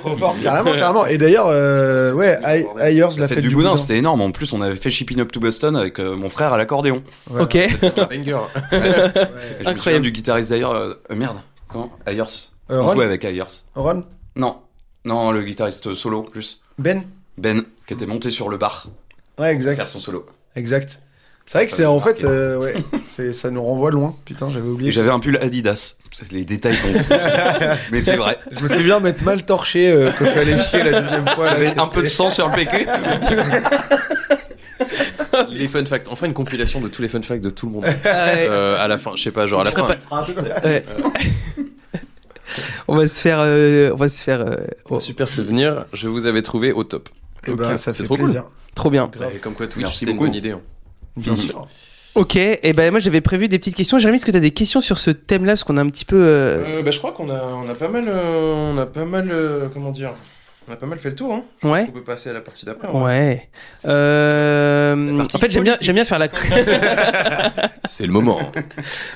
[SPEAKER 4] Trop fort, carrément, carrément. Et d'ailleurs, euh, ouais, Ay- Ayers
[SPEAKER 3] La
[SPEAKER 4] l'a
[SPEAKER 3] fête
[SPEAKER 4] fait
[SPEAKER 3] du boudin, c'était énorme. En plus, on avait fait Shipping Up to Boston avec euh, mon frère à l'accordéon.
[SPEAKER 4] Voilà.
[SPEAKER 1] Ok.
[SPEAKER 2] Banger.
[SPEAKER 3] Et Je me
[SPEAKER 1] Incroyable.
[SPEAKER 3] souviens du guitariste d'ailleurs. euh, euh, merde. Comment Ayers.
[SPEAKER 4] Euh,
[SPEAKER 3] on jouait
[SPEAKER 4] Ron,
[SPEAKER 3] avec Ayers.
[SPEAKER 4] Ron,
[SPEAKER 3] Non. Non, le guitariste solo, plus.
[SPEAKER 4] Ben.
[SPEAKER 3] Ben, qui était monté sur le bar
[SPEAKER 4] Ouais,
[SPEAKER 3] pour
[SPEAKER 4] exact.
[SPEAKER 3] faire son solo.
[SPEAKER 4] Exact. C'est vrai
[SPEAKER 3] Ça,
[SPEAKER 4] que
[SPEAKER 3] ça
[SPEAKER 4] c'est
[SPEAKER 3] nous a
[SPEAKER 4] en fait,
[SPEAKER 3] marqué.
[SPEAKER 4] euh, ouais, c'est ça nous renvoie loin. Putain, j'avais
[SPEAKER 3] Et
[SPEAKER 4] oublié.
[SPEAKER 3] j'avais un pull Adidas. C'est les détails qu'on Mais c'est vrai.
[SPEAKER 4] Je me souviens m'être mal torché euh, quand je suis allé chier la deuxième fois. là,
[SPEAKER 3] J'avais un peu de
[SPEAKER 4] c'était-
[SPEAKER 3] sang sur le PQ.
[SPEAKER 2] Les fun facts. Enfin, une compilation de tous les fun facts de tout le monde.
[SPEAKER 1] Ah ouais.
[SPEAKER 2] Euh, à la fin, je sais pas, genre à la
[SPEAKER 1] Je ferai
[SPEAKER 2] fin.
[SPEAKER 1] Ouais. on va se faire, euh, on va se faire. euh, oh,
[SPEAKER 2] Un Super souvenir, je vous avais trouvé au top.
[SPEAKER 4] Eh ben,
[SPEAKER 2] Ok,
[SPEAKER 4] ça
[SPEAKER 2] c'est
[SPEAKER 4] fait
[SPEAKER 2] trop cool.
[SPEAKER 4] plaisir. Mmh.
[SPEAKER 1] trop bien.
[SPEAKER 2] Et comme quoi Twitch,
[SPEAKER 3] Merci
[SPEAKER 2] c'était une
[SPEAKER 3] beaucoup.
[SPEAKER 2] bonne idée. hein.
[SPEAKER 4] Bien
[SPEAKER 3] Mhm.
[SPEAKER 4] sûr.
[SPEAKER 1] Ok. Et ben moi j'avais prévu des petites questions. Jérémy, est-ce que t'as des questions sur ce thème-là, parce qu'on a un petit peu. euh,
[SPEAKER 2] Euh, bah, je crois qu'on a, on a pas mal, euh, on a pas mal, euh, comment dire, on a pas mal fait le tour. Hein.
[SPEAKER 1] Ouais.
[SPEAKER 2] On peut passer à la partie d'après. hein.
[SPEAKER 1] Ouais. Euh,
[SPEAKER 2] La
[SPEAKER 1] En
[SPEAKER 2] partie
[SPEAKER 1] fait, j'aime bien, j'aime bien faire la,
[SPEAKER 2] C'est le moment.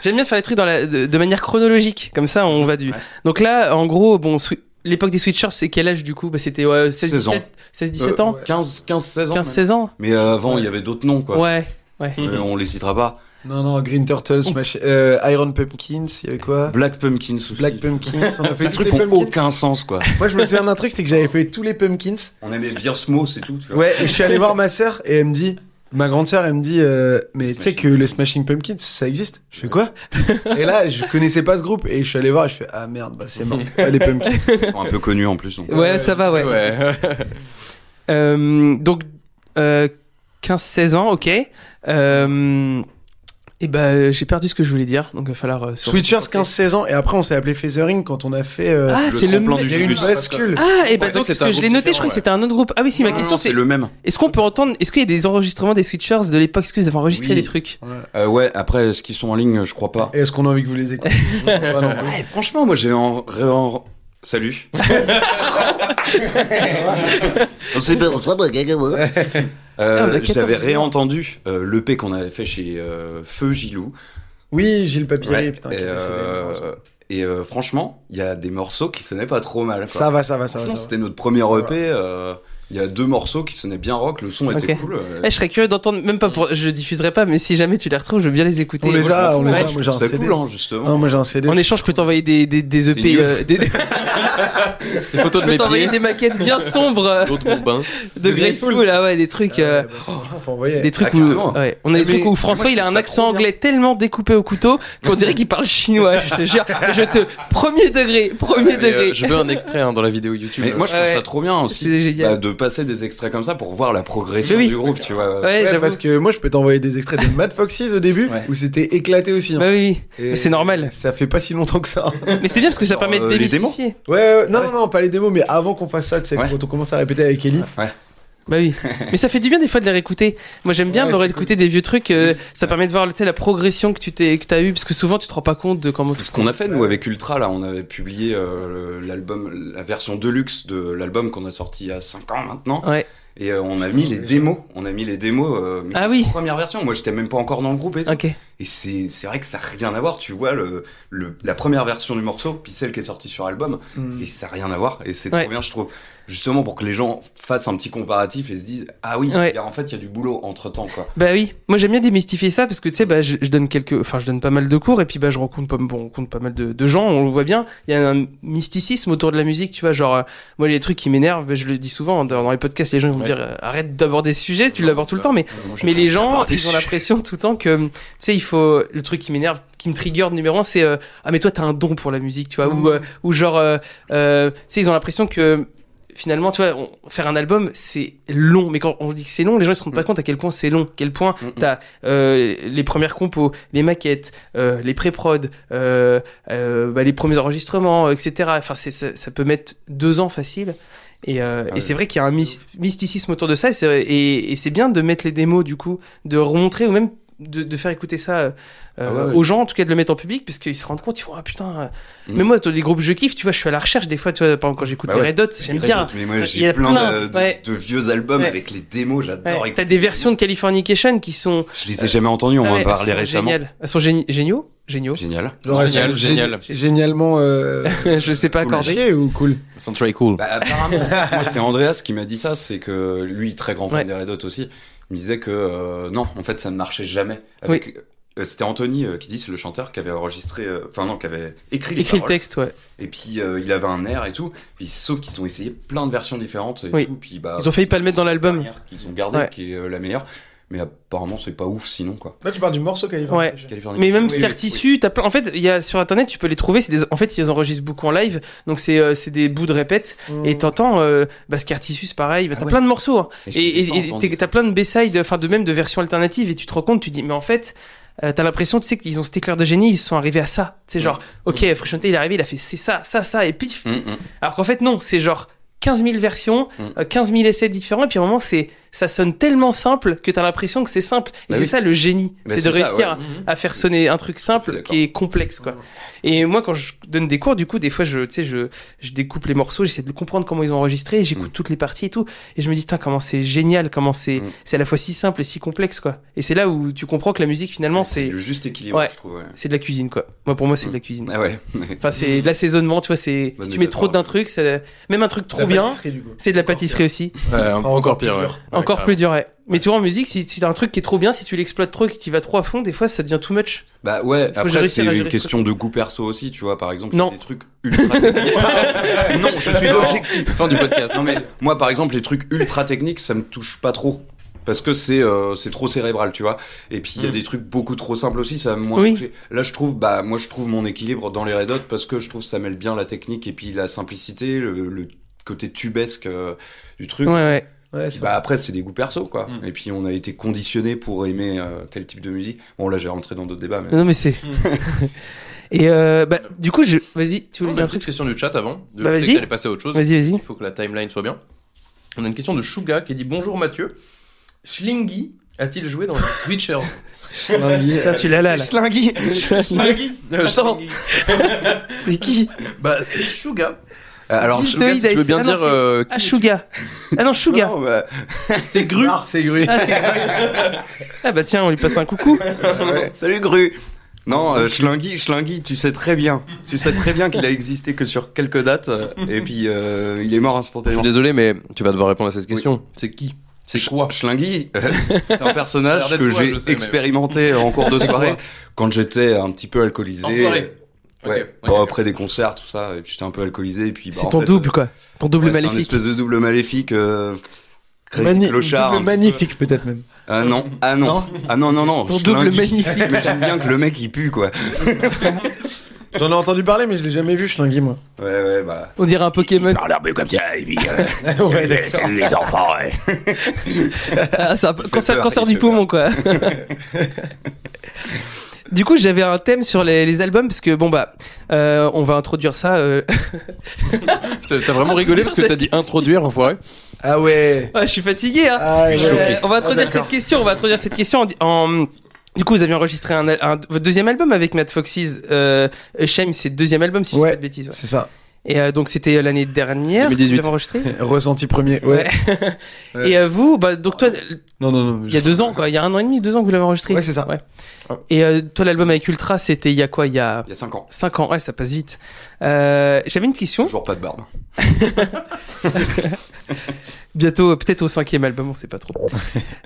[SPEAKER 1] j'aime bien faire les trucs dans la, de, de manière chronologique. Comme ça, on va du.
[SPEAKER 3] Ouais.
[SPEAKER 1] Donc là, en gros, bon, swi- l'époque des switchers, c'est quel âge du coup Bah, C'était ouais, 16,
[SPEAKER 3] 16 ans.
[SPEAKER 1] 17, 16,
[SPEAKER 3] Euh,
[SPEAKER 1] 17 ans,
[SPEAKER 3] 15, 15, 16 ans.
[SPEAKER 1] 15, 16 ans.
[SPEAKER 3] Mais euh, avant, il y avait d'autres noms, quoi.
[SPEAKER 1] Ouais. Ouais.
[SPEAKER 3] Mais on les citera pas.
[SPEAKER 4] Non, non, Green Turtles, machi- euh, Iron Pumpkins, il y avait quoi
[SPEAKER 3] Black Pumpkins aussi.
[SPEAKER 4] Black Pumpkins, on a fait
[SPEAKER 3] Ces
[SPEAKER 4] tous
[SPEAKER 3] trucs
[SPEAKER 4] les
[SPEAKER 3] qui ont
[SPEAKER 4] Pumpkins.
[SPEAKER 3] aucun sens, quoi.
[SPEAKER 4] Moi, je me souviens d'un truc, c'est que j'avais fait tous les Pumpkins.
[SPEAKER 3] On aimait bien ce mot, c'est tout. Tu vois.
[SPEAKER 4] Ouais, et je suis allé voir ma sœur et elle me dit, ma grande sœur, elle me dit, euh, mais tu sais que les Smashing Pumpkins, ça existe Je fais quoi Et là, je connaissais pas ce groupe et je suis allé voir et je fais, ah merde, bah c'est mort, pas les Pumpkins.
[SPEAKER 3] Ils sont un peu connus en plus. donc.
[SPEAKER 1] Ouais, ça va, ouais.
[SPEAKER 2] ouais.
[SPEAKER 1] Euh, donc, euh, 15-16 ans, ok. Euh, et ben, euh, j'ai perdu ce que je voulais dire, donc il va falloir. euh, se-
[SPEAKER 4] Switchers 15-16 ans et après on s'est appelé Feathering quand on a fait. euh,
[SPEAKER 1] Ah,
[SPEAKER 3] Le
[SPEAKER 1] c'est le
[SPEAKER 3] tremplin
[SPEAKER 1] même.
[SPEAKER 3] du
[SPEAKER 4] il y a eu une
[SPEAKER 3] Julius.
[SPEAKER 4] bascule.
[SPEAKER 1] Ah, et ben
[SPEAKER 2] Je pensais
[SPEAKER 1] donc,
[SPEAKER 2] que c'était
[SPEAKER 1] parce que
[SPEAKER 2] un
[SPEAKER 1] je
[SPEAKER 2] groupe
[SPEAKER 1] l'ai noté, je
[SPEAKER 2] différent,
[SPEAKER 1] crois que c'était un autre groupe. Ah oui, si, ma
[SPEAKER 3] Non,
[SPEAKER 1] question
[SPEAKER 3] non, c'est
[SPEAKER 1] c'est
[SPEAKER 3] le même.
[SPEAKER 1] est-ce qu'on peut entendre, est-ce qu'il y a des enregistrements des switchers de l'époque Est-ce que vous avez enregistré
[SPEAKER 3] Oui.
[SPEAKER 1] des trucs
[SPEAKER 3] Euh, ouais, après, ce qu'ils sont en ligne, je crois pas.
[SPEAKER 4] Et est-ce qu'on a envie que vous les écoutiez Ah, non.
[SPEAKER 3] Ouais, Eh, franchement, moi, j'ai en... ré- en- Salut. On s'est hein, pas- on s'est pas-
[SPEAKER 1] Ah, on a
[SPEAKER 3] Euh,
[SPEAKER 1] 14
[SPEAKER 3] J'avais
[SPEAKER 1] ans.
[SPEAKER 3] réentendu euh, l'EP qu'on avait fait chez euh, Feu Gilou.
[SPEAKER 4] Oui, Gilles Papieré,
[SPEAKER 3] Ouais,
[SPEAKER 4] putain,
[SPEAKER 3] et,
[SPEAKER 4] qui est décédé,
[SPEAKER 3] euh,
[SPEAKER 4] malheureusement.
[SPEAKER 3] et, euh, franchement, il y a des morceaux qui sonnaient pas trop mal. quoi.
[SPEAKER 4] Ça va, ça va, ça va.
[SPEAKER 3] Franchement,
[SPEAKER 4] Ça va.
[SPEAKER 3] c'était notre premier
[SPEAKER 4] Ça va.
[SPEAKER 3] EP. euh, Il y a deux morceaux qui sonnaient bien rock. Le son était
[SPEAKER 1] Ok.
[SPEAKER 3] cool. euh,
[SPEAKER 1] Eh, Je serais curieux d'entendre, même pas pour. Je diffuserai pas, mais si jamais tu les retrouves, je veux bien les écouter.
[SPEAKER 4] On les
[SPEAKER 3] moi, je
[SPEAKER 4] a,
[SPEAKER 3] m'en
[SPEAKER 4] on
[SPEAKER 3] fous,
[SPEAKER 4] les
[SPEAKER 3] ouais,
[SPEAKER 4] a,
[SPEAKER 3] je
[SPEAKER 4] moi j'ai
[SPEAKER 3] trouve
[SPEAKER 4] un
[SPEAKER 3] ça
[SPEAKER 4] CD.
[SPEAKER 3] cool, hein, justement.
[SPEAKER 4] Non, moi j'ai un CD.
[SPEAKER 1] En échange, je peux t'envoyer des, des, des
[SPEAKER 3] C'est
[SPEAKER 1] EP,
[SPEAKER 3] idiot.
[SPEAKER 1] euh, des, des-
[SPEAKER 2] Les photos
[SPEAKER 1] je
[SPEAKER 2] de
[SPEAKER 1] peux
[SPEAKER 2] mes
[SPEAKER 1] t'envoyer
[SPEAKER 2] pieds,
[SPEAKER 1] des maquettes bien sombres euh,
[SPEAKER 2] l'eau de mon bain.
[SPEAKER 1] de Graceful, là, ouais, des trucs.
[SPEAKER 4] Ah ouais,
[SPEAKER 1] euh,
[SPEAKER 4] bah, franchement, faut envoyer.
[SPEAKER 1] Des trucs
[SPEAKER 3] Ah,
[SPEAKER 1] où,
[SPEAKER 3] carrément.
[SPEAKER 1] ouais. on a des
[SPEAKER 3] Mais-
[SPEAKER 1] trucs où
[SPEAKER 3] mais
[SPEAKER 1] François
[SPEAKER 3] moi, je
[SPEAKER 1] il a un
[SPEAKER 3] trouve ça
[SPEAKER 1] accent
[SPEAKER 3] trop bien.
[SPEAKER 1] anglais tellement découpé au couteau qu'on dirait qu'il parle chinois. Je te jure, je te premier degré, premier
[SPEAKER 2] Mais, euh,
[SPEAKER 1] degré.
[SPEAKER 2] je veux un extrait hein, dans la vidéo YouTube.
[SPEAKER 3] Mais moi, je trouve
[SPEAKER 1] Ouais.
[SPEAKER 3] ça trop bien
[SPEAKER 1] C'est
[SPEAKER 3] aussi
[SPEAKER 1] génial.
[SPEAKER 3] bah, de passer des extraits comme ça pour voir la progression
[SPEAKER 1] Mais oui.
[SPEAKER 3] du groupe, tu vois.
[SPEAKER 1] ouais,
[SPEAKER 4] Ouais,
[SPEAKER 1] j'avoue.
[SPEAKER 4] parce que moi je peux t'envoyer des extraits de Mad Foxes au début
[SPEAKER 3] Ouais.
[SPEAKER 4] où c'était éclaté aussi. hein.
[SPEAKER 1] Bah oui,
[SPEAKER 4] Et
[SPEAKER 1] mais c'est normal.
[SPEAKER 4] Ça fait pas si longtemps que ça. hein.
[SPEAKER 1] oui. mais c'est bien parce que ça
[SPEAKER 3] Genre,
[SPEAKER 1] permet de
[SPEAKER 3] euh, les démons.
[SPEAKER 1] démystifier.
[SPEAKER 4] Ouais, ouais, non, non, non, pas les démos, mais avant qu'on fasse ça, tu sais,
[SPEAKER 3] Ouais.
[SPEAKER 4] quand on commence à répéter avec Ellie.
[SPEAKER 3] Ouais.
[SPEAKER 1] Bah oui. Mais ça fait du bien des fois de les réécouter. Moi j'aime bien
[SPEAKER 5] Ouais,
[SPEAKER 1] me
[SPEAKER 5] c'est
[SPEAKER 1] réécouter des vieux trucs. euh, ça permet de voir tu sais, la progression que tu t'es, que as eu parce que souvent tu te rends pas compte de comment.
[SPEAKER 3] C'est ce qu'on a fait nous avec Ultra là, on avait publié euh, l'album, la version deluxe de l'album qu'on a sorti il y a 5 ans maintenant.
[SPEAKER 1] Ouais.
[SPEAKER 3] Et euh, on a mis les démos, on a mis les démos. euh, mais
[SPEAKER 1] Ah oui.
[SPEAKER 3] Première version, moi j'étais même pas encore dans le groupe et tout.
[SPEAKER 1] Ok.
[SPEAKER 3] Et c'est c'est vrai que ça a rien à voir, tu vois le, le la première version du morceau puis celle qui est sortie sur album et ça a rien à voir et c'est
[SPEAKER 1] Mm. Ouais.
[SPEAKER 3] trop bien je trouve. Justement pour que les gens fassent un petit comparatif et se disent ah oui,
[SPEAKER 1] Ouais.
[SPEAKER 3] il y a- en fait il y a du boulot entre temps quoi.
[SPEAKER 1] Bah oui, moi j'aime bien démystifier ça parce que tu sais, bah, je, je donne quelques, enfin je donne pas mal de cours et puis bah je rencontre pas, bon, on rencontre pas mal de, de gens, on le voit bien. Il y a un mysticisme autour de la musique, tu vois, genre euh, moi les trucs qui m'énervent, bah, je le dis souvent hein, dans, dans les podcasts, les gens ils vont me
[SPEAKER 2] Ouais.
[SPEAKER 1] dire euh, arrête d'aborder ce sujet, tu
[SPEAKER 2] Non,
[SPEAKER 1] l'abordes
[SPEAKER 2] c'est
[SPEAKER 1] tout le
[SPEAKER 2] pas-
[SPEAKER 1] temps, mais mais les gens,
[SPEAKER 3] aborder
[SPEAKER 1] ils
[SPEAKER 3] ce
[SPEAKER 1] ont l'impression tout le temps que, tu sais, il faut le truc qui m'énerve, qui me trigger numéro un, c'est euh, ah mais toi t'as un don pour la musique, tu vois, ou euh, ou genre, euh, euh, tu sais, ils ont l'impression que finalement, tu vois, on- faire un album c'est long, mais quand on dit que c'est long, les gens ils se rendent pas compte à quel point c'est long, quel point
[SPEAKER 3] Mm, mm.
[SPEAKER 1] t'as euh, les premières compos, les maquettes, euh, les pré-prod, euh, euh, bah, les premiers enregistrements, euh, etc. Enfin, c'est, ça, ça peut mettre deux ans facile. Et, euh, et
[SPEAKER 3] oui.
[SPEAKER 1] c'est vrai qu'il y a un mys- mysticisme autour de ça. Et c'est, et- et c'est bien de mettre les démos, du coup, de remontrer ou même de, de faire écouter ça euh,
[SPEAKER 3] Ah ouais, ouais.
[SPEAKER 1] aux gens, en tout cas de le mettre en public, parce qu'ils se rendent compte, ils font Ah putain. euh.
[SPEAKER 3] Mm.
[SPEAKER 1] Mais moi, dans les groupes que je kiffe, tu vois, je suis à la recherche des fois, tu vois, par exemple, quand j'écoute
[SPEAKER 3] Bah
[SPEAKER 1] les
[SPEAKER 3] ouais.
[SPEAKER 1] Red Hot, j'aime
[SPEAKER 3] Très
[SPEAKER 1] bien.
[SPEAKER 3] d'autres, Mais moi,
[SPEAKER 1] Il y
[SPEAKER 3] j'ai
[SPEAKER 1] a
[SPEAKER 3] plein,
[SPEAKER 1] plein,
[SPEAKER 3] de, de-
[SPEAKER 1] ouais.
[SPEAKER 3] de vieux albums
[SPEAKER 1] Ouais.
[SPEAKER 3] avec les démos, j'adore.
[SPEAKER 1] Ouais,
[SPEAKER 3] écouter.
[SPEAKER 1] T'as des versions de Californication qui sont.
[SPEAKER 3] Je les ai jamais entendus, on
[SPEAKER 1] Ah ouais,
[SPEAKER 3] en
[SPEAKER 1] elles
[SPEAKER 3] parlait
[SPEAKER 1] sont
[SPEAKER 3] récemment.
[SPEAKER 1] géniales. Elles sont géni- géniaux Géniaux.
[SPEAKER 3] Génial.
[SPEAKER 5] Genre, elles
[SPEAKER 2] Génial,
[SPEAKER 5] sont
[SPEAKER 2] génial.
[SPEAKER 5] gé- Génialement. euh,
[SPEAKER 1] je sais pas
[SPEAKER 3] Cool.
[SPEAKER 1] accorder.
[SPEAKER 5] chier ou cool
[SPEAKER 2] Sont très cool.
[SPEAKER 3] Bah, apparemment, en fait, moi, c'est Andreas qui m'a dit ça, c'est que lui, très grand fan
[SPEAKER 1] Ouais.
[SPEAKER 3] des Red Hot aussi, il me disait que euh, non, en fait, ça ne marchait jamais. Avec- euh, C'était Anthony euh, qui dit, c'est le chanteur qui avait enregistré, euh, enfin non, qui avait écrit les
[SPEAKER 1] Écris le
[SPEAKER 3] paroles.
[SPEAKER 1] texte, ouais.
[SPEAKER 3] Et puis euh, il avait un air et tout. Puis, sauf qu'ils ont essayé plein de versions différentes et
[SPEAKER 1] Oui.
[SPEAKER 3] tout. Puis, bah,
[SPEAKER 1] Ils ont failli pas le mettre dans l'album.
[SPEAKER 3] dernière Qu'ils ont gardé,
[SPEAKER 1] Ouais.
[SPEAKER 3] qui est euh, la meilleure. Mais apparemment, c'est pas ouf sinon quoi.
[SPEAKER 5] Là, tu parles du morceau Californien.
[SPEAKER 3] Californie
[SPEAKER 1] Mais même
[SPEAKER 3] Kitchen.
[SPEAKER 1] Scar Tissue, t'as plein- En fait, il y a sur internet, tu peux les trouver. C'est des... En fait, ils enregistrent beaucoup en live, donc c'est euh, c'est des bouts de répète. Et t'entends, euh, bah, Scar Tissue, c'est pareil. Bah,
[SPEAKER 3] Mmh. Ah
[SPEAKER 1] t'as
[SPEAKER 3] ouais.
[SPEAKER 1] plein de morceaux. hein.
[SPEAKER 3] Et je les ai
[SPEAKER 1] Et et-
[SPEAKER 3] pas
[SPEAKER 1] et
[SPEAKER 3] entendus,
[SPEAKER 1] t'es-
[SPEAKER 3] ça.
[SPEAKER 1] t'as plein de B-side, enfin de même de versions alternatives. Et tu te rends compte, tu dis, mais en fait, euh, t'as l'impression, tu sais, qu'ils ont cet éclair de génie, ils sont arrivés à ça.
[SPEAKER 3] Mmh.
[SPEAKER 1] C'est genre, ok, Freshante, il est arrivé, il a fait c'est ça, ça, ça, et pif.
[SPEAKER 3] Hum, hum.
[SPEAKER 1] Alors qu'en fait, non, c'est genre 15 000 versions,
[SPEAKER 3] Mm.
[SPEAKER 1] euh, 15 000 essais différents, et puis à un moment, c'est, ça sonne tellement simple que t'as l'impression que c'est simple. Et
[SPEAKER 3] Bah
[SPEAKER 1] c'est
[SPEAKER 3] oui.
[SPEAKER 1] ça le génie, c'est
[SPEAKER 3] Bah
[SPEAKER 1] de
[SPEAKER 3] c'est ça,
[SPEAKER 1] réussir
[SPEAKER 3] ouais.
[SPEAKER 1] à- à faire
[SPEAKER 3] C'est-
[SPEAKER 1] sonner un truc
[SPEAKER 3] tout à fait
[SPEAKER 1] simple
[SPEAKER 3] d'accord.
[SPEAKER 1] qui est complexe, quoi. Et moi, quand je donne des cours, du coup, des fois, je, tu sais, je, je découpe les morceaux, j'essaie de comprendre comment ils ont enregistré, j'écoute
[SPEAKER 3] Mm.
[SPEAKER 1] toutes les parties et tout, et je me dis, putain, comment c'est génial, comment c'est,
[SPEAKER 3] Mm.
[SPEAKER 1] c'est à la fois si simple et si complexe, quoi. Et c'est là où tu comprends que la musique, finalement, c'est,
[SPEAKER 3] le juste équilibre,
[SPEAKER 1] Ouais.
[SPEAKER 3] je trouve. ouais.
[SPEAKER 1] c'est de la cuisine, quoi. Moi, pour moi, c'est de la cuisine.
[SPEAKER 3] Ah ouais.
[SPEAKER 1] Enfin, c'est de l'assaisonnement, tu vois, c'est,
[SPEAKER 3] Bonne
[SPEAKER 1] si tu mets trop
[SPEAKER 3] métaphore.
[SPEAKER 1] d'un truc, ça- même un truc trop bien, c'est de la pâtisserie aussi.
[SPEAKER 2] encore pire. ouais.
[SPEAKER 1] Encore
[SPEAKER 2] Ouais,
[SPEAKER 1] plus dur, ouais. Mais tu vois, en musique, si, si t'as un truc qui est trop bien, si tu l'exploites trop et que tu vas trop à fond, des fois, ça devient too much.
[SPEAKER 3] Bah ouais,
[SPEAKER 1] Faut gérer
[SPEAKER 3] après
[SPEAKER 1] ça,
[SPEAKER 3] c'est
[SPEAKER 1] gérer
[SPEAKER 3] une
[SPEAKER 1] ce
[SPEAKER 3] question de goût perso aussi, tu vois, par exemple,
[SPEAKER 1] Non.
[SPEAKER 3] il y a des trucs ultra techniques. non, je suis objectif.
[SPEAKER 2] carrément. Fin du podcast.
[SPEAKER 3] Non mais moi par exemple, les trucs ultra techniques, ça me touche pas trop. Parce que c'est euh, c'est trop cérébral, tu vois. Et puis il y a
[SPEAKER 2] Mm.
[SPEAKER 3] des trucs beaucoup trop simples aussi, ça va me moins
[SPEAKER 1] Oui.
[SPEAKER 3] toucher. Là, je trouve, bah, moi, je trouve mon équilibre dans les Red Hot parce que je trouve ça mêle bien la technique et puis la simplicité, le, le côté tubesque euh, du truc.
[SPEAKER 1] Ouais, ouais.
[SPEAKER 5] Ouais, c'est
[SPEAKER 3] Bah après c'est des goûts perso quoi.
[SPEAKER 2] Mm.
[SPEAKER 3] Et puis on a été conditionné pour aimer euh, tel type de musique. Bon là j'ai rentré dans d'autres débats mais
[SPEAKER 1] Non, mais c'est. Et euh, bah, du coup, je. Vas-y, tu voulais
[SPEAKER 2] On a
[SPEAKER 1] dire un
[SPEAKER 2] une
[SPEAKER 1] truc
[SPEAKER 2] petite question du chat avant. Je
[SPEAKER 1] Bah,
[SPEAKER 2] sais
[SPEAKER 1] vas-y.
[SPEAKER 2] que t'allais passer à autre chose.
[SPEAKER 1] Vas-y, vas-y.
[SPEAKER 2] Il faut que la timeline soit bien. On a une question de Shuga qui dit Bonjour Mathieu. Schlingy a-t-il joué dans Switchers
[SPEAKER 1] Tiens, tu l'as là, là.
[SPEAKER 2] Schlingy Schlingy Attends
[SPEAKER 1] C'est qui
[SPEAKER 2] Bah, Euh, c'est Shuga.
[SPEAKER 3] Euh, alors
[SPEAKER 1] Si,
[SPEAKER 3] je-
[SPEAKER 2] Shuga,
[SPEAKER 1] Toïd
[SPEAKER 2] si
[SPEAKER 1] a
[SPEAKER 2] tu veux
[SPEAKER 1] essayé-
[SPEAKER 2] bien
[SPEAKER 1] Ah, non,
[SPEAKER 2] dire.
[SPEAKER 1] c'est-
[SPEAKER 2] euh, qui
[SPEAKER 1] Ah, Suga. Ah non, Suga.
[SPEAKER 3] non, bah,
[SPEAKER 5] c'est gru. C'est gru.
[SPEAKER 1] Ah, c'est Ah, bah tiens, on lui passe un coucou.
[SPEAKER 3] ouais. salut Gru. Non, euh, Schlingui, Schlingui, tu sais très bien, tu sais très bien qu'il a existé que sur quelques dates euh, et puis euh, il est mort
[SPEAKER 2] Je suis
[SPEAKER 3] instantanément.
[SPEAKER 2] désolé, mais tu vas devoir répondre à cette question. C'est qui C'est
[SPEAKER 3] Sch-
[SPEAKER 2] quoi
[SPEAKER 3] Schlingui, euh, c'est un personnage
[SPEAKER 2] Ça a l'air
[SPEAKER 3] que
[SPEAKER 2] d'être toi,
[SPEAKER 3] j'ai
[SPEAKER 2] je sais, mais-
[SPEAKER 3] expérimenté en cours de soirée quand j'étais un petit peu alcoolisé.
[SPEAKER 2] En soirée.
[SPEAKER 3] Ouais.
[SPEAKER 2] Ok,
[SPEAKER 3] Bon,
[SPEAKER 2] ok.
[SPEAKER 3] après des concerts, tout ça, et puis j'étais un peu alcoolisé et puis. bah,
[SPEAKER 1] C'est
[SPEAKER 3] en
[SPEAKER 1] ton
[SPEAKER 3] fait,
[SPEAKER 1] double, quoi. Ton double
[SPEAKER 3] Ouais, c'est un
[SPEAKER 1] maléfique.
[SPEAKER 3] espèce de double maléfique. Euh... Crazy clochard, un petit peu.
[SPEAKER 5] magnifique peut-être même.
[SPEAKER 3] Ah non, ah non, ah non, non, non.
[SPEAKER 1] Ton double
[SPEAKER 3] Schlingui.
[SPEAKER 1] magnifique.
[SPEAKER 3] Mais j'aime bien que le mec il pue quoi.
[SPEAKER 5] J'en ai entendu parler, mais je l'ai jamais vu, Schlingui, moi.
[SPEAKER 3] Ouais, ouais, bah.
[SPEAKER 1] On dirait un Pokémon.
[SPEAKER 5] ouais, d'accord.
[SPEAKER 1] Ah, c'est un-
[SPEAKER 3] fait
[SPEAKER 1] Ah, cancer,
[SPEAKER 3] peur,
[SPEAKER 1] cancer
[SPEAKER 3] il
[SPEAKER 1] du
[SPEAKER 3] fait peur.
[SPEAKER 1] poumon, quoi. Du coup, j'avais un thème sur les, les albums parce que bon bah, euh, on va introduire ça. euh.
[SPEAKER 2] T'as t'as vraiment rigolé parce que t'as dit introduire, enfoiré.
[SPEAKER 4] Ah ouais.
[SPEAKER 1] Ah, je suis fatigué. Hein.
[SPEAKER 4] Ah,
[SPEAKER 3] Je suis
[SPEAKER 1] Euh,
[SPEAKER 3] choqué.
[SPEAKER 1] on va introduire
[SPEAKER 4] Ah, d'accord.
[SPEAKER 1] cette question. On va introduire cette question en. en- Du coup, vous aviez enregistré un, al- un- votre deuxième album avec Matt Foxes. Euh, Shame, c'est le deuxième album, si je dis
[SPEAKER 4] Ouais.
[SPEAKER 1] pas de bêtises. ouais.
[SPEAKER 4] C'est ça.
[SPEAKER 1] Et euh, donc, c'était l'année dernière.
[SPEAKER 2] 2018.
[SPEAKER 1] que vous l'avez enregistré.
[SPEAKER 4] Ressenti premier. Ouais. Ouais.
[SPEAKER 1] Et euh, vous, bah, donc toi,
[SPEAKER 4] Non, non, non.
[SPEAKER 1] il y a deux ans, quoi. Il y a un an et demi, deux ans que vous l'avez enregistré.
[SPEAKER 4] Ouais, c'est ça.
[SPEAKER 1] Et euh, toi, l'album avec Ultra, c'était il y a quoi Il y a
[SPEAKER 3] Il y a 5 ans.
[SPEAKER 1] cinq ans. Ouais, ça passe vite. Euh, J'avais une question.
[SPEAKER 3] Toujours pas de barbe.
[SPEAKER 1] Bientôt, euh, peut-être au cinquième album, on sait pas trop.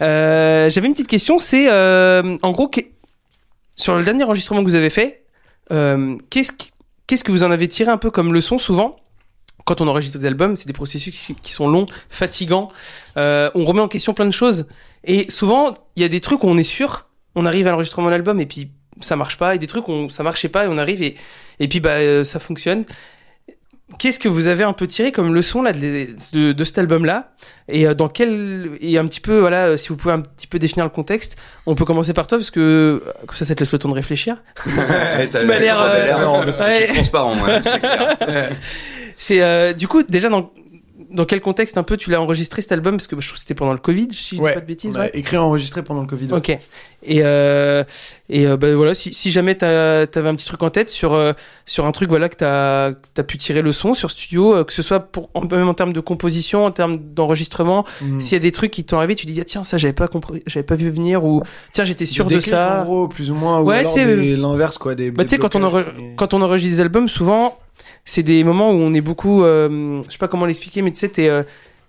[SPEAKER 1] Euh, J'avais une petite question, c'est euh, en gros, que- sur le dernier enregistrement que vous avez fait, euh, qu'est-ce que- qu'est-ce que vous en avez tiré un peu comme leçon souvent quand on enregistre des albums, c'est des processus qui- qui sont longs, fatigants. euh, on remet en question plein de choses. Et souvent, il y a des trucs où on est sûr, on arrive à l'enregistrement d'un album et puis ça marche pas. Et des trucs où ça marchait pas et on arrive et, et puis bah, euh, ça fonctionne. Qu'est-ce que vous avez un peu tiré comme leçon là, de, les- de- de cet album-là et euh, dans quel et un petit peu voilà euh, si vous pouvez un petit peu définir le contexte on peut commencer par toi parce que euh, comme ça ça te laisse le temps de réfléchir
[SPEAKER 3] Tu
[SPEAKER 1] m'as l'air, euh, ouais.
[SPEAKER 3] transparent, moi. c'est clair.
[SPEAKER 1] c'est euh, du coup déjà dans dans quel contexte un peu tu l'as enregistré cet album parce que je trouve que c'était pendant le Covid si je dis
[SPEAKER 4] Ouais.
[SPEAKER 1] pas de bêtises
[SPEAKER 4] On
[SPEAKER 1] ouais.
[SPEAKER 4] a écrit et enregistré pendant le Covid. ouais.
[SPEAKER 1] Ok. Et euh, et euh, bah, voilà, si, si jamais t'as- t'avais un petit truc en tête sur euh, sur un truc voilà que t'as que t'as pu tirer le son sur studio, euh, que ce soit pour en- même en termes de composition, en termes d'enregistrement,
[SPEAKER 4] Mm.
[SPEAKER 1] s'il y a des trucs qui t'ont arrivé, tu dis ah, tiens ça j'avais pas compris, j'avais pas vu venir ou tiens j'étais sûr
[SPEAKER 4] Des
[SPEAKER 1] de
[SPEAKER 4] déclics, En
[SPEAKER 1] ça.
[SPEAKER 4] gros, plus ou moins. Ou
[SPEAKER 1] Ouais,
[SPEAKER 4] alors
[SPEAKER 1] tu sais,
[SPEAKER 4] des- l'inverse, quoi. Des,
[SPEAKER 1] Bah,
[SPEAKER 4] des
[SPEAKER 1] tu sais, quand, on
[SPEAKER 4] blocages,
[SPEAKER 1] enre-
[SPEAKER 4] mais-
[SPEAKER 1] quand on enregistre des albums, souvent, c'est des moments où on est beaucoup. euh, je sais pas comment l'expliquer, mais tu sais, t'es, euh,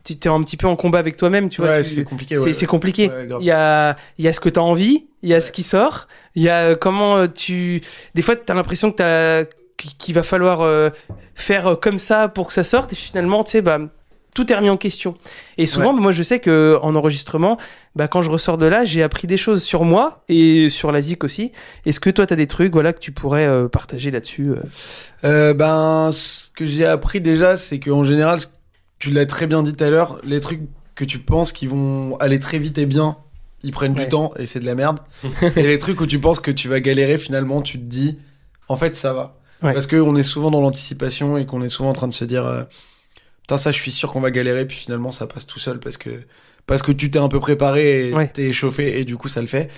[SPEAKER 1] tu- t'es un petit peu en combat avec toi-même, tu vois.
[SPEAKER 4] Ouais,
[SPEAKER 1] tu-
[SPEAKER 4] c'est compliqué.
[SPEAKER 1] c'est-
[SPEAKER 4] ouais,
[SPEAKER 1] c'est compliqué.
[SPEAKER 4] Ouais, grave.
[SPEAKER 1] Il y a, il y a ce que t'as envie, il y a ce qui sort, il y a euh, comment euh, tu. Des fois, t'as l'impression que t'as qu- qu'il va falloir euh, faire euh, comme ça pour que ça sorte, et finalement, tu sais, bah, tout est remis en question. Et souvent, bah, moi, je sais que en enregistrement, bah, quand je ressors de là, j'ai appris des choses sur moi et sur la zik aussi. Est-ce que toi, t'as des trucs, voilà, que tu pourrais euh, partager là-dessus euh
[SPEAKER 4] Euh, ben, ce que j'ai appris déjà, c'est qu'en général, ce- tu l'as très bien dit tout à l'heure, les trucs que tu penses qui vont aller très vite et bien, ils prennent
[SPEAKER 1] Ouais.
[SPEAKER 4] du temps et c'est de la merde. et les trucs où tu penses que tu vas galérer, finalement, tu te dis, en fait, ça va.
[SPEAKER 1] Ouais.
[SPEAKER 4] Parce qu'on est souvent dans l'anticipation et qu'on est souvent en train de se dire, euh, putain, ça, je suis sûr qu'on va galérer, puis finalement, ça passe tout seul parce que, parce que tu t'es un peu préparé et
[SPEAKER 1] Ouais.
[SPEAKER 4] t'es échauffé et du coup, ça le fait.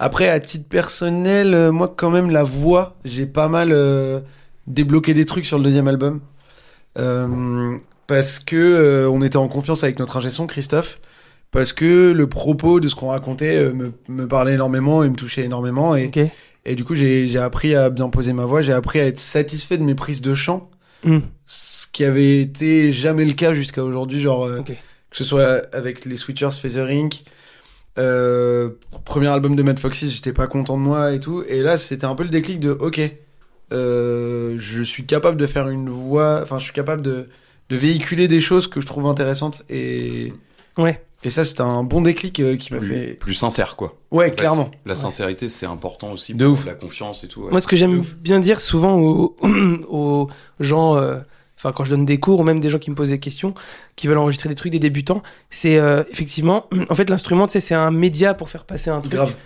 [SPEAKER 4] Après, à titre personnel, euh, moi, quand même, la voix, j'ai pas mal euh, débloqué des trucs sur le deuxième album. Euh, parce que euh, on était en confiance avec notre ingé son, Christophe. Parce que le propos de ce qu'on racontait euh, me, me parlait énormément et me touchait énormément. Et,
[SPEAKER 1] Ok.
[SPEAKER 4] et du coup, j'ai j'ai appris à bien poser ma voix. J'ai appris à être satisfait de mes prises de chant.
[SPEAKER 1] Mm.
[SPEAKER 4] Ce qui avait été jamais le cas jusqu'à aujourd'hui. Genre, euh,
[SPEAKER 1] Ok.
[SPEAKER 4] que ce soit avec les Switchers, Feather Inc. euh, premier album de Mad Foxy, j'étais pas content de moi et tout. Et là, c'était un peu le déclic de OK, euh, je suis capable de faire une voix. Enfin, je suis capable de, de véhiculer des choses que je trouve intéressantes. Et,
[SPEAKER 1] Ouais.
[SPEAKER 4] et ça, c'était un bon déclic euh, qui m'a
[SPEAKER 3] Plus,
[SPEAKER 4] fait.
[SPEAKER 3] plus sincère, quoi.
[SPEAKER 4] Ouais, clairement.
[SPEAKER 3] La sincérité, c'est important aussi.
[SPEAKER 4] De
[SPEAKER 3] pour
[SPEAKER 4] ouf.
[SPEAKER 3] La confiance et tout. ouais.
[SPEAKER 1] Moi, ce que j'aime bien dire souvent aux, aux gens, euh, enfin quand je donne des cours ou même des gens qui me posent des questions, qui veulent enregistrer des trucs, des débutants, c'est euh, effectivement, en fait, l'instrument, tu sais, c'est un média pour faire passer un truc.
[SPEAKER 4] Grave.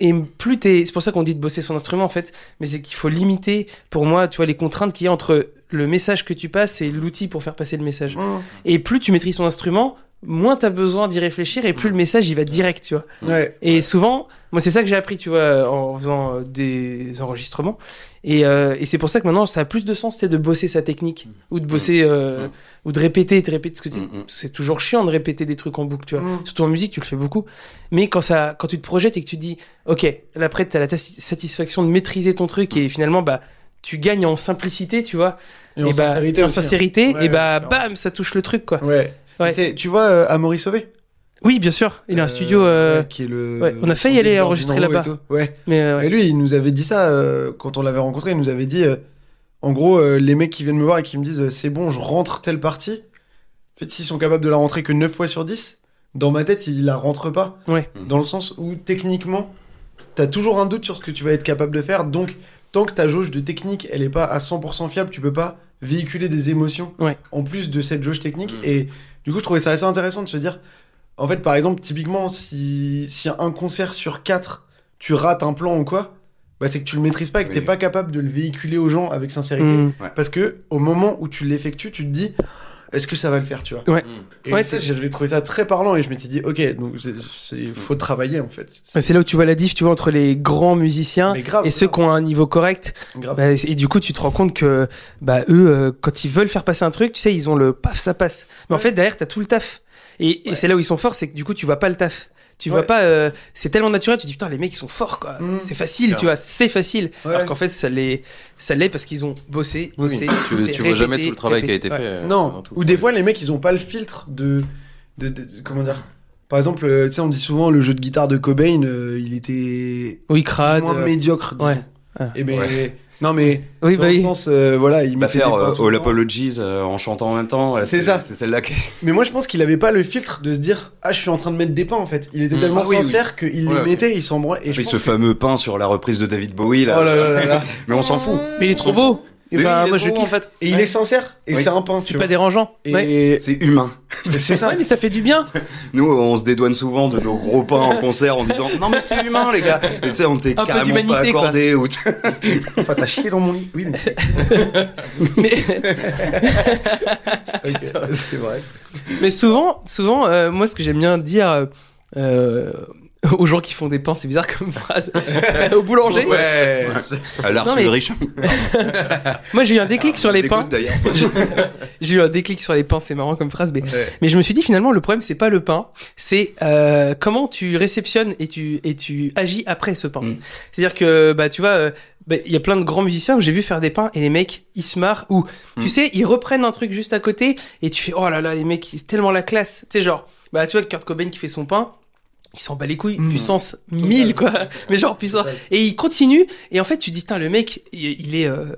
[SPEAKER 1] Et plus t'es, c'est pour ça qu'on dit de bosser son instrument en fait, mais c'est qu'il faut limiter, pour moi, tu vois, les contraintes qu'il y a entre le message que tu passes et l'outil pour faire passer le message. Et plus tu maîtrises ton instrument, moins t'as besoin d'y réfléchir et plus le message il va direct, tu vois.
[SPEAKER 4] Ouais.
[SPEAKER 1] Et souvent, moi c'est ça que j'ai appris, tu vois, en faisant euh, des enregistrements. Et, euh, et c'est pour ça que maintenant, ça a plus de sens, c'est de bosser sa technique
[SPEAKER 4] Mm.
[SPEAKER 1] ou de bosser euh,
[SPEAKER 3] Mm.
[SPEAKER 1] ou de répéter, de répéter, parce que tu sais,
[SPEAKER 3] Mm, mm.
[SPEAKER 1] c'est toujours chiant de répéter des trucs en boucle, tu vois.
[SPEAKER 4] Mm.
[SPEAKER 1] Surtout en musique, tu le fais beaucoup. Mais quand ça, quand tu te projettes et que tu te dis, ok, là après, t'as la ta- satisfaction de maîtriser ton truc et finalement, bah tu gagnes en simplicité, tu vois,
[SPEAKER 4] Mm. Et, en
[SPEAKER 1] bah,
[SPEAKER 4] sincérité
[SPEAKER 1] en
[SPEAKER 4] aussi, hein.
[SPEAKER 1] sincérité,
[SPEAKER 4] Ouais,
[SPEAKER 1] et bah
[SPEAKER 4] clairement.
[SPEAKER 1] bam, ça touche le truc quoi.
[SPEAKER 4] Ouais.
[SPEAKER 1] Ouais.
[SPEAKER 4] C'est- Tu vois, euh, Amaury Sauvé
[SPEAKER 1] Oui, bien sûr, il a un
[SPEAKER 4] Euh,
[SPEAKER 1] studio, euh,
[SPEAKER 4] ouais, qui est le.
[SPEAKER 1] ouais, on a
[SPEAKER 4] le
[SPEAKER 1] failli
[SPEAKER 4] son
[SPEAKER 1] aller
[SPEAKER 4] des
[SPEAKER 1] enregistrer
[SPEAKER 4] Bernardino
[SPEAKER 1] là-bas.
[SPEAKER 4] et tout. Ouais.
[SPEAKER 1] mais euh, ouais.
[SPEAKER 4] Et lui, il nous avait dit ça euh, quand on l'avait rencontré. Il nous avait dit, euh, en gros, euh, les mecs qui viennent me voir et qui me disent, euh, c'est bon, je rentre telle partie. En fait, s'ils sont capables de la rentrer que 9 fois sur 10, dans ma tête, ils la rentrent pas.
[SPEAKER 1] Ouais.
[SPEAKER 4] Dans le sens où, techniquement, t'as toujours un doute sur ce que tu vas être capable de faire. Donc, tant que ta jauge de technique, elle est pas à 100% fiable, tu peux pas véhiculer des émotions
[SPEAKER 1] Ouais.
[SPEAKER 4] en plus de cette jauge technique.
[SPEAKER 2] Mm.
[SPEAKER 4] Et du coup, je trouvais ça assez intéressant de se dire, en fait, par exemple, typiquement, si, si un concert sur 4, tu rates un plan ou quoi, bah, c'est que tu le maîtrises pas et que
[SPEAKER 3] Oui.
[SPEAKER 4] t'es pas capable de le véhiculer aux gens avec sincérité.
[SPEAKER 1] Mm.
[SPEAKER 4] Parce que au moment où tu l'effectues, tu te dis est-ce que ça va le faire, tu vois
[SPEAKER 1] Ouais.
[SPEAKER 4] Et
[SPEAKER 1] Ouais,
[SPEAKER 4] ça, j'avais trouvé ça très parlant et je m'étais dit ok, donc il faut travailler en fait.
[SPEAKER 1] Bah, C'est là où tu vois la diff, tu vois, entre les grands musiciens
[SPEAKER 4] Mais grave,
[SPEAKER 1] et ceux
[SPEAKER 4] grave.
[SPEAKER 1] qui ont un niveau correct.
[SPEAKER 4] Grave.
[SPEAKER 1] Bah, et du coup, tu te rends compte que bah, eux, euh, quand ils veulent faire passer un truc, tu sais, ils ont le paf, ça passe. Mais en fait, derrière, t'as tout le taf. Et, et
[SPEAKER 4] Ouais.
[SPEAKER 1] c'est là où ils sont forts, c'est que du coup, tu vois pas le taf. Tu vois
[SPEAKER 4] Ouais.
[SPEAKER 1] pas, euh, c'est tellement naturel, tu te dis putain, les mecs, ils sont forts, quoi.
[SPEAKER 4] Mhm.
[SPEAKER 1] C'est facile, tu
[SPEAKER 3] Clairement.
[SPEAKER 1] vois, c'est facile.
[SPEAKER 4] Ouais.
[SPEAKER 1] Alors qu'en fait, ça l'est, ça l'est parce qu'ils ont bossé, bossé.
[SPEAKER 2] Tu,
[SPEAKER 1] bossé,
[SPEAKER 2] tu vois jamais
[SPEAKER 1] répété,
[SPEAKER 2] tout le travail qui a
[SPEAKER 1] répété.
[SPEAKER 2] été fait.
[SPEAKER 1] Ouais.
[SPEAKER 2] euh,
[SPEAKER 4] Non,
[SPEAKER 2] dans tout.
[SPEAKER 4] ou des fois les mecs ils ont pas le filtre de. de, de- de- comment dire Par exemple, euh, tu sais, on dit souvent le jeu de guitare de Cobain, euh, il était
[SPEAKER 1] Oui,
[SPEAKER 4] moins
[SPEAKER 1] crade. euh,
[SPEAKER 4] médiocre, disons.
[SPEAKER 1] ouais. Ah.
[SPEAKER 4] Et ben, Non mais,
[SPEAKER 1] Oui,
[SPEAKER 4] dans
[SPEAKER 1] bah
[SPEAKER 4] le
[SPEAKER 1] oui.
[SPEAKER 4] sens, euh, voilà, il
[SPEAKER 3] Pas
[SPEAKER 4] mettait
[SPEAKER 3] faire
[SPEAKER 4] des points
[SPEAKER 3] euh,
[SPEAKER 4] tout le
[SPEAKER 3] All
[SPEAKER 4] temps.
[SPEAKER 3] Apologies euh, en chantant en même temps. voilà,
[SPEAKER 4] C'est ça.
[SPEAKER 3] C'est celle-là qui.
[SPEAKER 4] Mais moi je pense qu'il avait pas le filtre de se dire ah je suis en train de mettre des pains en fait. Il était
[SPEAKER 2] Mm.
[SPEAKER 4] tellement
[SPEAKER 3] Ah oui, Ah, oui.
[SPEAKER 4] sincère qu'il
[SPEAKER 2] Ouais,
[SPEAKER 4] les
[SPEAKER 2] ok.
[SPEAKER 4] mettait, il s'en branlait. Et je
[SPEAKER 3] Puis
[SPEAKER 4] pense
[SPEAKER 3] ce
[SPEAKER 4] que-
[SPEAKER 3] fameux pain sur la reprise de David Bowie là.
[SPEAKER 4] Oh là là là là.
[SPEAKER 3] Mais on s'en fout.
[SPEAKER 1] Mais il est trop beau.
[SPEAKER 3] oui,
[SPEAKER 1] Enfin,
[SPEAKER 3] il est
[SPEAKER 1] moi,
[SPEAKER 3] trop
[SPEAKER 1] je
[SPEAKER 3] beau, en
[SPEAKER 1] kiffe.
[SPEAKER 4] Et il
[SPEAKER 1] Ouais.
[SPEAKER 4] est sincère et
[SPEAKER 3] Oui.
[SPEAKER 4] c'est un pain. tu
[SPEAKER 1] C'est
[SPEAKER 4] vois.
[SPEAKER 1] pas dérangeant. Ouais.
[SPEAKER 4] Et
[SPEAKER 3] C'est humain.
[SPEAKER 4] c'est ça.
[SPEAKER 1] Ouais, mais ça fait du bien.
[SPEAKER 3] Nous, on se dédouane souvent de nos gros pains en concert en disant non mais c'est humain les gars. Et tu sais, on t'est
[SPEAKER 1] Un peu
[SPEAKER 3] carrément pas
[SPEAKER 1] d'humanité, quoi.
[SPEAKER 3] accordé. Ou tu-
[SPEAKER 4] Enfin t'as chié dans mon lit. Oui mais c'est
[SPEAKER 1] Mais
[SPEAKER 4] ok, c'est vrai.
[SPEAKER 1] Mais souvent, souvent, euh, moi, ce que j'aime bien dire euh, euh, aux gens qui font des pains, c'est bizarre comme phrase, euh, au boulanger.
[SPEAKER 4] Ouais.
[SPEAKER 3] à l'art
[SPEAKER 1] Non, mais-
[SPEAKER 3] Ulrich.
[SPEAKER 1] Moi, j'ai eu un déclic sur
[SPEAKER 3] Ah, Vous
[SPEAKER 1] les
[SPEAKER 3] écoute,
[SPEAKER 1] pains.
[SPEAKER 3] d'ailleurs. Bah,
[SPEAKER 1] J'ai eu un déclic sur les pains, c'est marrant comme phrase, mais
[SPEAKER 4] Ouais.
[SPEAKER 1] mais je me suis dit finalement le problème c'est pas le pain, c'est euh, comment tu réceptionnes et tu et tu agis après ce pain.
[SPEAKER 3] Mm.
[SPEAKER 1] C'est-à-dire que bah tu vois euh, bah, il y a plein de grands musiciens que j'ai vu faire des pains et les mecs ils se marrent ou tu
[SPEAKER 3] Mm.
[SPEAKER 1] sais ils reprennent un truc juste à côté et tu fais oh là là les mecs c'est tellement la classe. Tu sais genre bah tu vois Kurt Cobain qui fait son pain il s'en bat les couilles,
[SPEAKER 4] Mm.
[SPEAKER 1] puissance 1000 quoi, mais genre puissance. Et il continue, et en fait tu dis, Tain, le mec, il, il est euh,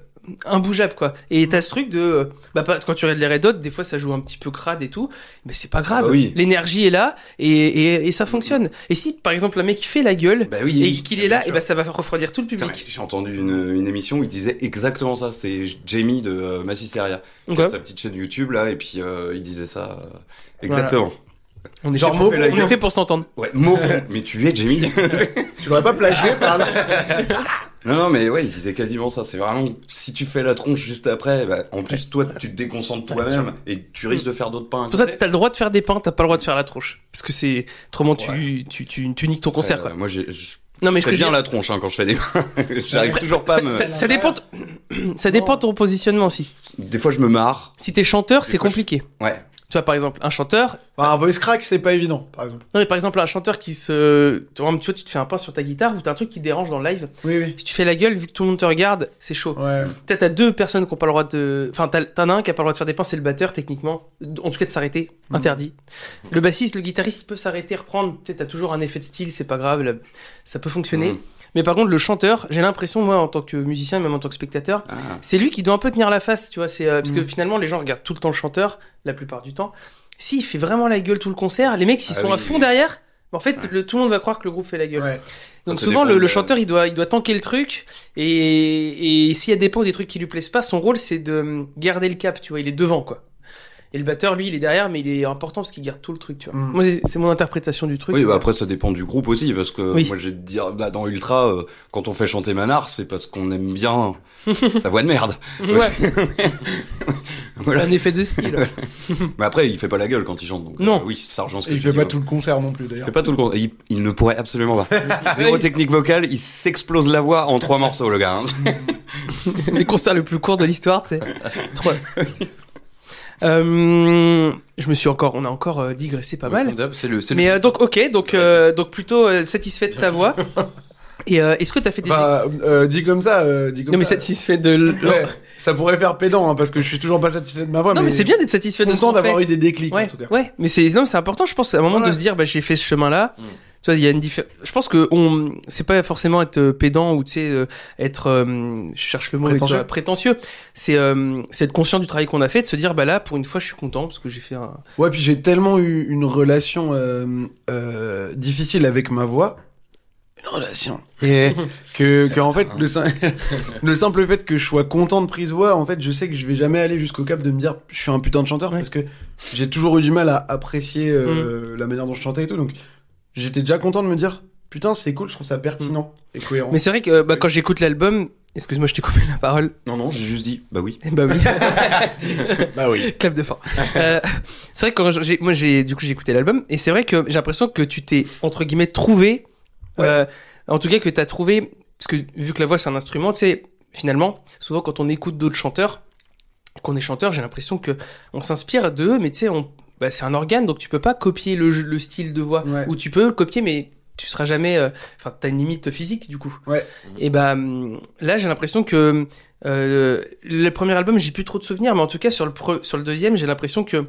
[SPEAKER 1] imbougeable quoi. Et t'as ce truc de, euh, bah, pas- quand tu regardes les Red Hot, des fois ça joue un petit peu crade et tout, mais c'est pas grave,
[SPEAKER 3] Ah bah oui.
[SPEAKER 1] l'énergie est là, et, et, et ça fonctionne. Et si par exemple un mec il fait la gueule,
[SPEAKER 3] Bah oui.
[SPEAKER 1] et qu'il est là, et bah ça va refroidir tout le
[SPEAKER 3] Putain,
[SPEAKER 1] public.
[SPEAKER 3] J'ai entendu une, une émission où il disait exactement ça. C'est Jamie de euh, Massisteria.
[SPEAKER 1] Donc,
[SPEAKER 3] qui a
[SPEAKER 1] ouais,
[SPEAKER 3] Sa petite chaîne YouTube là, et puis euh, il disait ça. euh,
[SPEAKER 1] Voilà.
[SPEAKER 3] exactement.
[SPEAKER 1] on est
[SPEAKER 4] Genre
[SPEAKER 1] fait
[SPEAKER 4] mot
[SPEAKER 1] pour-
[SPEAKER 4] pour
[SPEAKER 1] on est
[SPEAKER 4] mot.
[SPEAKER 1] fait pour s'entendre.
[SPEAKER 3] Ouais, mauvais. mais tu es Jamie.
[SPEAKER 4] Tu l'aurais pas plagié par là.
[SPEAKER 3] non, non, mais ouais, il disait quasiment ça. C'est vraiment si tu fais la tronche juste après, bah, en plus toi, tu te déconcentres toi-même et tu risques de faire d'autres pas. à
[SPEAKER 1] Pour ça,
[SPEAKER 3] côté.
[SPEAKER 1] t'as le droit de faire des pains, t'as pas le droit de faire la tronche. Parce que c'est, autrement tu,
[SPEAKER 3] Ouais.
[SPEAKER 1] tu, tu, tu niques ton concert,
[SPEAKER 3] Euh,
[SPEAKER 1] quoi.
[SPEAKER 3] moi, j'ai- je
[SPEAKER 1] Non, mais
[SPEAKER 3] fais
[SPEAKER 1] je
[SPEAKER 3] bien
[SPEAKER 1] bien
[SPEAKER 3] la euh. tronche hein, quand je fais des. J'arrive toujours pas à
[SPEAKER 1] ça,
[SPEAKER 3] me.
[SPEAKER 1] ça- ça dépend, ça dépend ton positionnement aussi.
[SPEAKER 3] Des fois, je me marre.
[SPEAKER 1] Si t'es chanteur,
[SPEAKER 3] Des
[SPEAKER 1] c'est
[SPEAKER 3] fois, je-
[SPEAKER 1] compliqué.
[SPEAKER 3] Ouais.
[SPEAKER 1] Tu vois, par exemple, un chanteur,
[SPEAKER 4] Enfin, un voice crack c'est pas évident par exemple.
[SPEAKER 1] Non mais par exemple un chanteur qui se... Tu vois, tu vois, tu te fais un pain sur ta guitare ou t'as un truc qui te dérange dans le live.
[SPEAKER 4] Oui oui.
[SPEAKER 1] Si tu fais la gueule, vu que tout le monde te regarde, c'est chaud.
[SPEAKER 4] Ouais.
[SPEAKER 1] Peut-être t'as deux personnes qui ont pas le droit de... Enfin t'as- t'en as un qui a pas le droit de faire des pains, c'est le batteur techniquement. En tout cas de s'arrêter, interdit. Le bassiste, le guitariste, il peut s'arrêter, reprendre. Peut-être t'as toujours un effet de style, c'est pas grave, là, ça peut fonctionner.
[SPEAKER 3] Mhm.
[SPEAKER 1] Mais par contre le chanteur, j'ai l'impression, moi en tant que musicien, même en tant que spectateur,
[SPEAKER 3] Ah.
[SPEAKER 1] c'est lui qui doit un peu tenir la face, tu vois. C'est euh, parce que
[SPEAKER 4] Mm.
[SPEAKER 1] finalement, les gens regardent tout le temps le chanteur, la plupart du temps. S'il fait vraiment la gueule tout le concert, les mecs, s'ils
[SPEAKER 3] Ah
[SPEAKER 1] sont à
[SPEAKER 3] oui,
[SPEAKER 1] fond
[SPEAKER 3] oui.
[SPEAKER 1] derrière, bah, en fait, le- tout le monde va croire que le groupe fait la gueule.
[SPEAKER 4] Ouais.
[SPEAKER 1] Donc
[SPEAKER 3] Ça
[SPEAKER 1] souvent,
[SPEAKER 3] dépend
[SPEAKER 1] le, le
[SPEAKER 3] de-
[SPEAKER 1] chanteur, il doit, il doit tanker le truc. Et, et s'il y a des points, des trucs qui lui plaisent pas, son rôle, c'est de hum, garder le cap, tu vois. Il est devant, quoi. Et le batteur, lui, il est derrière, mais il est important parce qu'il garde tout le truc, tu vois.
[SPEAKER 4] Mm.
[SPEAKER 1] Moi, c'est- c'est mon interprétation du truc.
[SPEAKER 3] Oui, bah après ça dépend du groupe aussi, parce que
[SPEAKER 1] Oui.
[SPEAKER 3] moi j'ai de dire, bah, dans Ultra, euh, quand on fait chanter Manar, c'est parce qu'on aime bien sa voix de merde.
[SPEAKER 1] ouais,
[SPEAKER 3] Voilà.
[SPEAKER 1] un effet de style.
[SPEAKER 3] Mais après, il fait pas la gueule quand il chante, donc
[SPEAKER 1] Non.
[SPEAKER 3] euh, oui, ça rejoint ce que
[SPEAKER 4] Et il
[SPEAKER 3] tu
[SPEAKER 4] fait
[SPEAKER 3] dis,
[SPEAKER 4] pas
[SPEAKER 3] ouais.
[SPEAKER 4] tout le concert non plus
[SPEAKER 3] Il
[SPEAKER 4] d'ailleurs.
[SPEAKER 3] fait pas tout le con- Il, il ne pourrait absolument pas. Zéro technique vocale, il s'explose la voix en trois morceaux, le gars. hein.
[SPEAKER 1] le concert le plus court de l'histoire, tu sais. Trois. Euh, je me suis encore, on a encore euh, digressé pas
[SPEAKER 2] Ouais,
[SPEAKER 1] mal.
[SPEAKER 2] comme d'hab, C'est le. c'est le-
[SPEAKER 1] Mais euh, donc ok, donc euh, donc plutôt euh, satisfait de ta voix. Et euh, est-ce que t'as fait des
[SPEAKER 4] Bah, euh, dit comme ça, euh, dit comme
[SPEAKER 1] non mais
[SPEAKER 4] ça.
[SPEAKER 1] satisfait de l-
[SPEAKER 4] Ouais, ça pourrait faire pédant hein, parce que je suis toujours pas satisfait de ma voix.
[SPEAKER 1] non mais, c'est bien d'être satisfait de ce
[SPEAKER 4] content
[SPEAKER 1] qu'on
[SPEAKER 4] d'avoir
[SPEAKER 1] fait.
[SPEAKER 4] eu des déclics
[SPEAKER 1] ouais,
[SPEAKER 4] en tout cas.
[SPEAKER 1] ouais, mais c'est non mais c'est important, je pense, à un moment
[SPEAKER 4] Ouais.
[SPEAKER 1] de se dire bah j'ai fait ce chemin là.
[SPEAKER 2] Mm.
[SPEAKER 1] Tu vois, il y a une diffé- Je pense que on, c'est pas forcément être euh, pédant ou tu sais euh, être, euh, je cherche le mot, mais tu vois,
[SPEAKER 4] Prétentieux.
[SPEAKER 1] prétentieux. C'est, euh, c'est être conscient du travail qu'on a fait, de se dire bah là pour une fois je suis content parce que j'ai fait un.
[SPEAKER 4] Ouais, puis j'ai tellement eu une relation euh, euh, difficile avec ma voix. Une relation. Et que, que en fait, le, sim- le simple fait que je sois content de prise voix, en fait, je sais que je vais jamais aller jusqu'au cap de me dire je suis un putain de chanteur
[SPEAKER 1] Ouais.
[SPEAKER 4] parce que
[SPEAKER 1] Mm.
[SPEAKER 4] j'ai toujours eu du mal à apprécier euh, la manière dont je chantais et tout. Donc j'étais déjà content de me dire Putain, c'est cool, je trouve ça pertinent et cohérent.
[SPEAKER 1] Mm. Mais c'est vrai que euh, bah, quand j'écoute l'album, excuse-moi, je t'ai coupé la parole.
[SPEAKER 3] Non, non, j'ai juste dit, bah oui.
[SPEAKER 1] Eh Bah oui.
[SPEAKER 4] Bah oui.
[SPEAKER 1] Clap de fin. Euh, c'est vrai que quand j'ai, moi j'ai du coup j'ai écouté l'album et c'est vrai que j'ai l'impression que tu t'es entre guillemets trouvé,
[SPEAKER 4] Ouais.
[SPEAKER 1] euh, en tout cas que t'as trouvé parce que vu que la voix c'est un instrument, tu sais finalement souvent quand on écoute d'autres chanteurs, qu'on est chanteur, j'ai l'impression que on s'inspire de eux, mais tu sais on bah, c'est un organe donc tu peux pas copier le, le style de voix
[SPEAKER 4] Ouais.
[SPEAKER 1] ou tu peux le copier mais tu seras jamais euh, enfin t'as une limite physique du coup
[SPEAKER 4] Ouais.
[SPEAKER 1] et bah hum, là j'ai l'impression que euh, le premier album j'ai plus trop de souvenirs mais en tout cas sur le pre- sur le deuxième j'ai l'impression que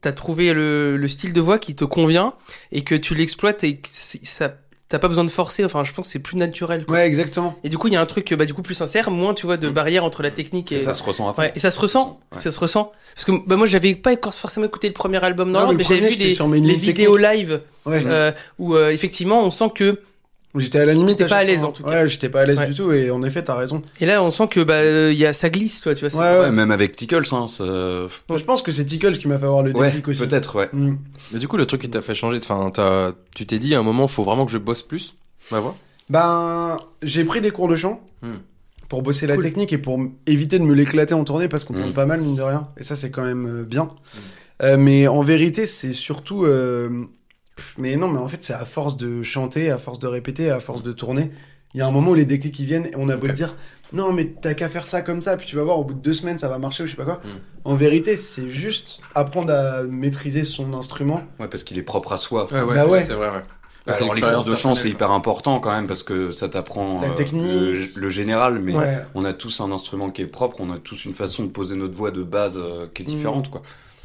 [SPEAKER 1] t'as trouvé le, le style de voix qui te convient et que tu l'exploites et que c'est- ça t'as pas besoin de forcer enfin je pense que c'est plus naturel quoi.
[SPEAKER 4] Ouais, exactement.
[SPEAKER 1] et du coup il y a un truc bah du coup plus sincère moins tu vois
[SPEAKER 4] Mm.
[SPEAKER 1] de barrière entre la technique et
[SPEAKER 3] Ça se ressent à fond.
[SPEAKER 1] Ouais, et ça se ressent,
[SPEAKER 3] Ouais.
[SPEAKER 1] ça se ressent. Parce que bah, moi, j'avais pas encore forcément écouté le premier album
[SPEAKER 4] Non,
[SPEAKER 1] normal,
[SPEAKER 4] mais
[SPEAKER 1] mais,
[SPEAKER 4] le
[SPEAKER 1] j'avais
[SPEAKER 4] premier,
[SPEAKER 1] vu
[SPEAKER 4] j'étais
[SPEAKER 1] des
[SPEAKER 4] sur mes
[SPEAKER 1] les
[SPEAKER 4] limites
[SPEAKER 1] vidéos live
[SPEAKER 4] Ouais.
[SPEAKER 1] euh, où euh, effectivement, on sent que
[SPEAKER 4] J'étais à la limite.
[SPEAKER 1] T'étais
[SPEAKER 4] à
[SPEAKER 1] pas
[SPEAKER 4] chaque
[SPEAKER 1] à l'aise,
[SPEAKER 4] fois.
[SPEAKER 1] en tout cas.
[SPEAKER 4] Ouais, j'étais pas à l'aise
[SPEAKER 1] Ouais.
[SPEAKER 4] du tout et en effet, t'as raison.
[SPEAKER 1] et là, on sent que bah euh, il y a ça glisse, toi, tu vois. c'est-
[SPEAKER 4] Ouais, ouais.
[SPEAKER 3] Ah Ouais, même avec Tickles, hein, ça-
[SPEAKER 4] Mais Je pense que c'est Tickles qui m'a fait avoir le
[SPEAKER 3] Ouais,
[SPEAKER 4] déclic aussi.
[SPEAKER 3] peut-être, ouais.
[SPEAKER 4] Mm.
[SPEAKER 2] Mais du coup, le truc qui t'a fait changer, enfin, t'as- tu t'es dit à un moment, faut vraiment que je bosse plus ma voix.
[SPEAKER 4] Ben, j'ai pris des cours de chant
[SPEAKER 2] Hmm.
[SPEAKER 4] pour bosser la
[SPEAKER 1] Cool.
[SPEAKER 4] technique et pour m- éviter de me l'éclater en tournée parce qu'on tourne
[SPEAKER 3] Hmm.
[SPEAKER 4] pas mal, mine de rien. Et ça, c'est quand même euh, bien. Euh, mais en vérité, c'est surtout. euh, pff, Mais non, mais en fait, c'est à force de chanter, à force de répéter, à force de tourner. Il y a un moment où les déclics qui viennent et on a beau
[SPEAKER 2] Ok.
[SPEAKER 4] te dire non, mais t'as qu'à faire ça comme ça, puis tu vas voir, au bout de deux semaines, ça va marcher ou je sais pas quoi.
[SPEAKER 2] Hmm.
[SPEAKER 4] En vérité, c'est juste apprendre à maîtriser son instrument.
[SPEAKER 3] Ouais, parce qu'il est propre à soi.
[SPEAKER 4] ouais, Bah ouais. c'est
[SPEAKER 2] Ah, c'est vrai. Ouais.
[SPEAKER 3] Alors, les cours de chant, c'est hyper important quand même parce que ça t'apprend
[SPEAKER 4] La
[SPEAKER 3] euh,
[SPEAKER 4] technique.
[SPEAKER 3] le, le général, mais
[SPEAKER 4] Ouais.
[SPEAKER 3] on a tous un instrument qui est propre, on a tous une façon de poser notre voix de base euh, qui est
[SPEAKER 4] Mm.
[SPEAKER 3] différente, quoi.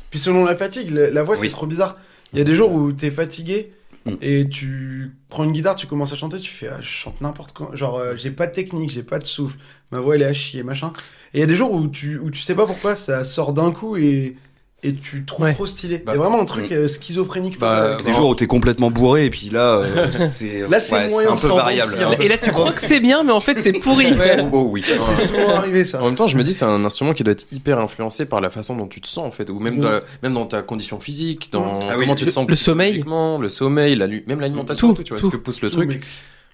[SPEAKER 4] Puis selon la fatigue, la, la voix c'est
[SPEAKER 3] Oui.
[SPEAKER 4] trop bizarre. Il y a des jours où t'es fatigué
[SPEAKER 3] Mm.
[SPEAKER 4] et tu prends une guitare, tu commences à chanter, tu fais ah, je chante n'importe quoi. Genre euh, j'ai pas de technique, j'ai pas de souffle, ma voix elle est à chier, machin. Et il y a des jours où tu, où tu sais pas pourquoi ça sort d'un coup et, et tu trouves
[SPEAKER 1] Ouais.
[SPEAKER 4] trop stylé. Il
[SPEAKER 2] Bah,
[SPEAKER 4] y a vraiment un truc
[SPEAKER 3] mm.
[SPEAKER 4] euh, schizophrénique.
[SPEAKER 2] Bah,
[SPEAKER 1] Ah,
[SPEAKER 4] total avec
[SPEAKER 3] Des
[SPEAKER 2] Non.
[SPEAKER 3] jours où t'es complètement bourré et puis là, euh, c'est
[SPEAKER 4] Là, c'est
[SPEAKER 3] ouais,
[SPEAKER 4] moyen
[SPEAKER 3] un
[SPEAKER 4] de
[SPEAKER 3] peu
[SPEAKER 4] s'en
[SPEAKER 3] variable.
[SPEAKER 4] sortir.
[SPEAKER 1] Et là, tu crois que c'est bien, mais en fait, c'est pourri.
[SPEAKER 3] Oh, oh oui.
[SPEAKER 4] ça, c'est souvent arrivé ça.
[SPEAKER 2] En même temps, je me dis, c'est un instrument qui doit être hyper influencé par la façon dont tu te sens en fait, ou même,
[SPEAKER 4] Mm.
[SPEAKER 2] dans, la- même dans ta condition physique, dans
[SPEAKER 3] Ah oui,
[SPEAKER 2] comment tu te
[SPEAKER 1] le-
[SPEAKER 2] sens
[SPEAKER 1] le sommeil.
[SPEAKER 2] psychologiquement, le sommeil, la, lu- même l'alimentation,
[SPEAKER 1] Tout,
[SPEAKER 2] et tout, tu vois,
[SPEAKER 1] tout,
[SPEAKER 2] ce que pousse le
[SPEAKER 4] Tout,
[SPEAKER 2] truc.
[SPEAKER 4] mais-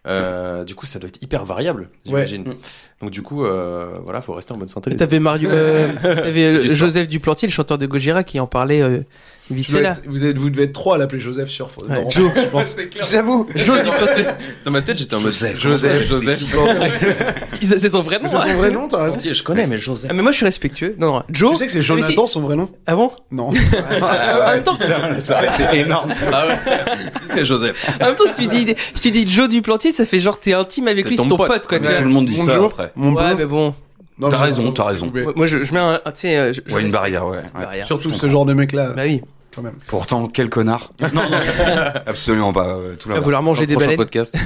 [SPEAKER 2] Euh, du coup, ça doit être hyper variable,
[SPEAKER 4] Ouais.
[SPEAKER 2] j'imagine.
[SPEAKER 3] Mm.
[SPEAKER 2] Donc du coup, euh, voilà, faut rester en bonne santé.
[SPEAKER 1] Et T'avais Mario, euh, t'avais euh,
[SPEAKER 2] Juste
[SPEAKER 1] Joseph Duplantier, le chanteur de Gojira, qui en parlait euh, vite
[SPEAKER 4] Tu dois
[SPEAKER 1] fait là.
[SPEAKER 4] être- vous, êtes, vous devez être trois à l'appeler Joseph sur.
[SPEAKER 1] Ouais,
[SPEAKER 4] non,
[SPEAKER 1] Joe.
[SPEAKER 4] je pense.
[SPEAKER 1] J'avoue, Joe Duplantier.
[SPEAKER 2] Dans ma tête, j'étais en mode
[SPEAKER 3] Joseph,
[SPEAKER 2] Joseph,
[SPEAKER 3] Joseph,
[SPEAKER 2] Joseph.
[SPEAKER 1] Il- C'est son vrai nom.
[SPEAKER 4] Mais c'est son
[SPEAKER 1] hein.
[SPEAKER 4] vrai nom, t'as raison.
[SPEAKER 2] Je connais, mais Joseph.
[SPEAKER 1] Ah, mais moi, je suis respectueux. Non, non.
[SPEAKER 4] Tu
[SPEAKER 1] Joe.
[SPEAKER 4] sais que c'est Jonathan Ah son vrai nom
[SPEAKER 1] Ah bon
[SPEAKER 4] Non.
[SPEAKER 1] En même temps,
[SPEAKER 3] ça aurait été énorme.
[SPEAKER 2] Ah ouais. c'est Joseph.
[SPEAKER 1] en même temps, si tu dis, si tu dis Joe Duplantier, ça fait genre t'es intime avec
[SPEAKER 2] C'est
[SPEAKER 1] lui, c'est
[SPEAKER 2] ton
[SPEAKER 1] ton pote,
[SPEAKER 2] pote.
[SPEAKER 1] quoi. tu
[SPEAKER 3] Ouais,
[SPEAKER 1] vois.
[SPEAKER 3] Tout le monde dit ça
[SPEAKER 4] Bonjour.
[SPEAKER 3] après.
[SPEAKER 4] Mon
[SPEAKER 1] Ouais, bah,
[SPEAKER 4] bleu.
[SPEAKER 1] mais bon.
[SPEAKER 4] Non,
[SPEAKER 3] T'as
[SPEAKER 4] j'ai-
[SPEAKER 3] raison, t'as raison.
[SPEAKER 4] Ouais.
[SPEAKER 1] Ouais, Moi, je, je mets un, un- tu sais, euh, je, je
[SPEAKER 3] Ouais, une
[SPEAKER 1] respecte
[SPEAKER 3] barrière, ouais.
[SPEAKER 1] cette
[SPEAKER 3] ouais.
[SPEAKER 1] barrière.
[SPEAKER 4] Surtout ce genre de mec là.
[SPEAKER 1] Bah oui.
[SPEAKER 4] quand même.
[SPEAKER 3] Pourtant, quel connard. Non, non, absolument pas. euh,
[SPEAKER 1] À
[SPEAKER 3] Tout l'inverse.
[SPEAKER 1] vouloir manger des
[SPEAKER 2] Prochain
[SPEAKER 1] baleines.
[SPEAKER 2] podcast.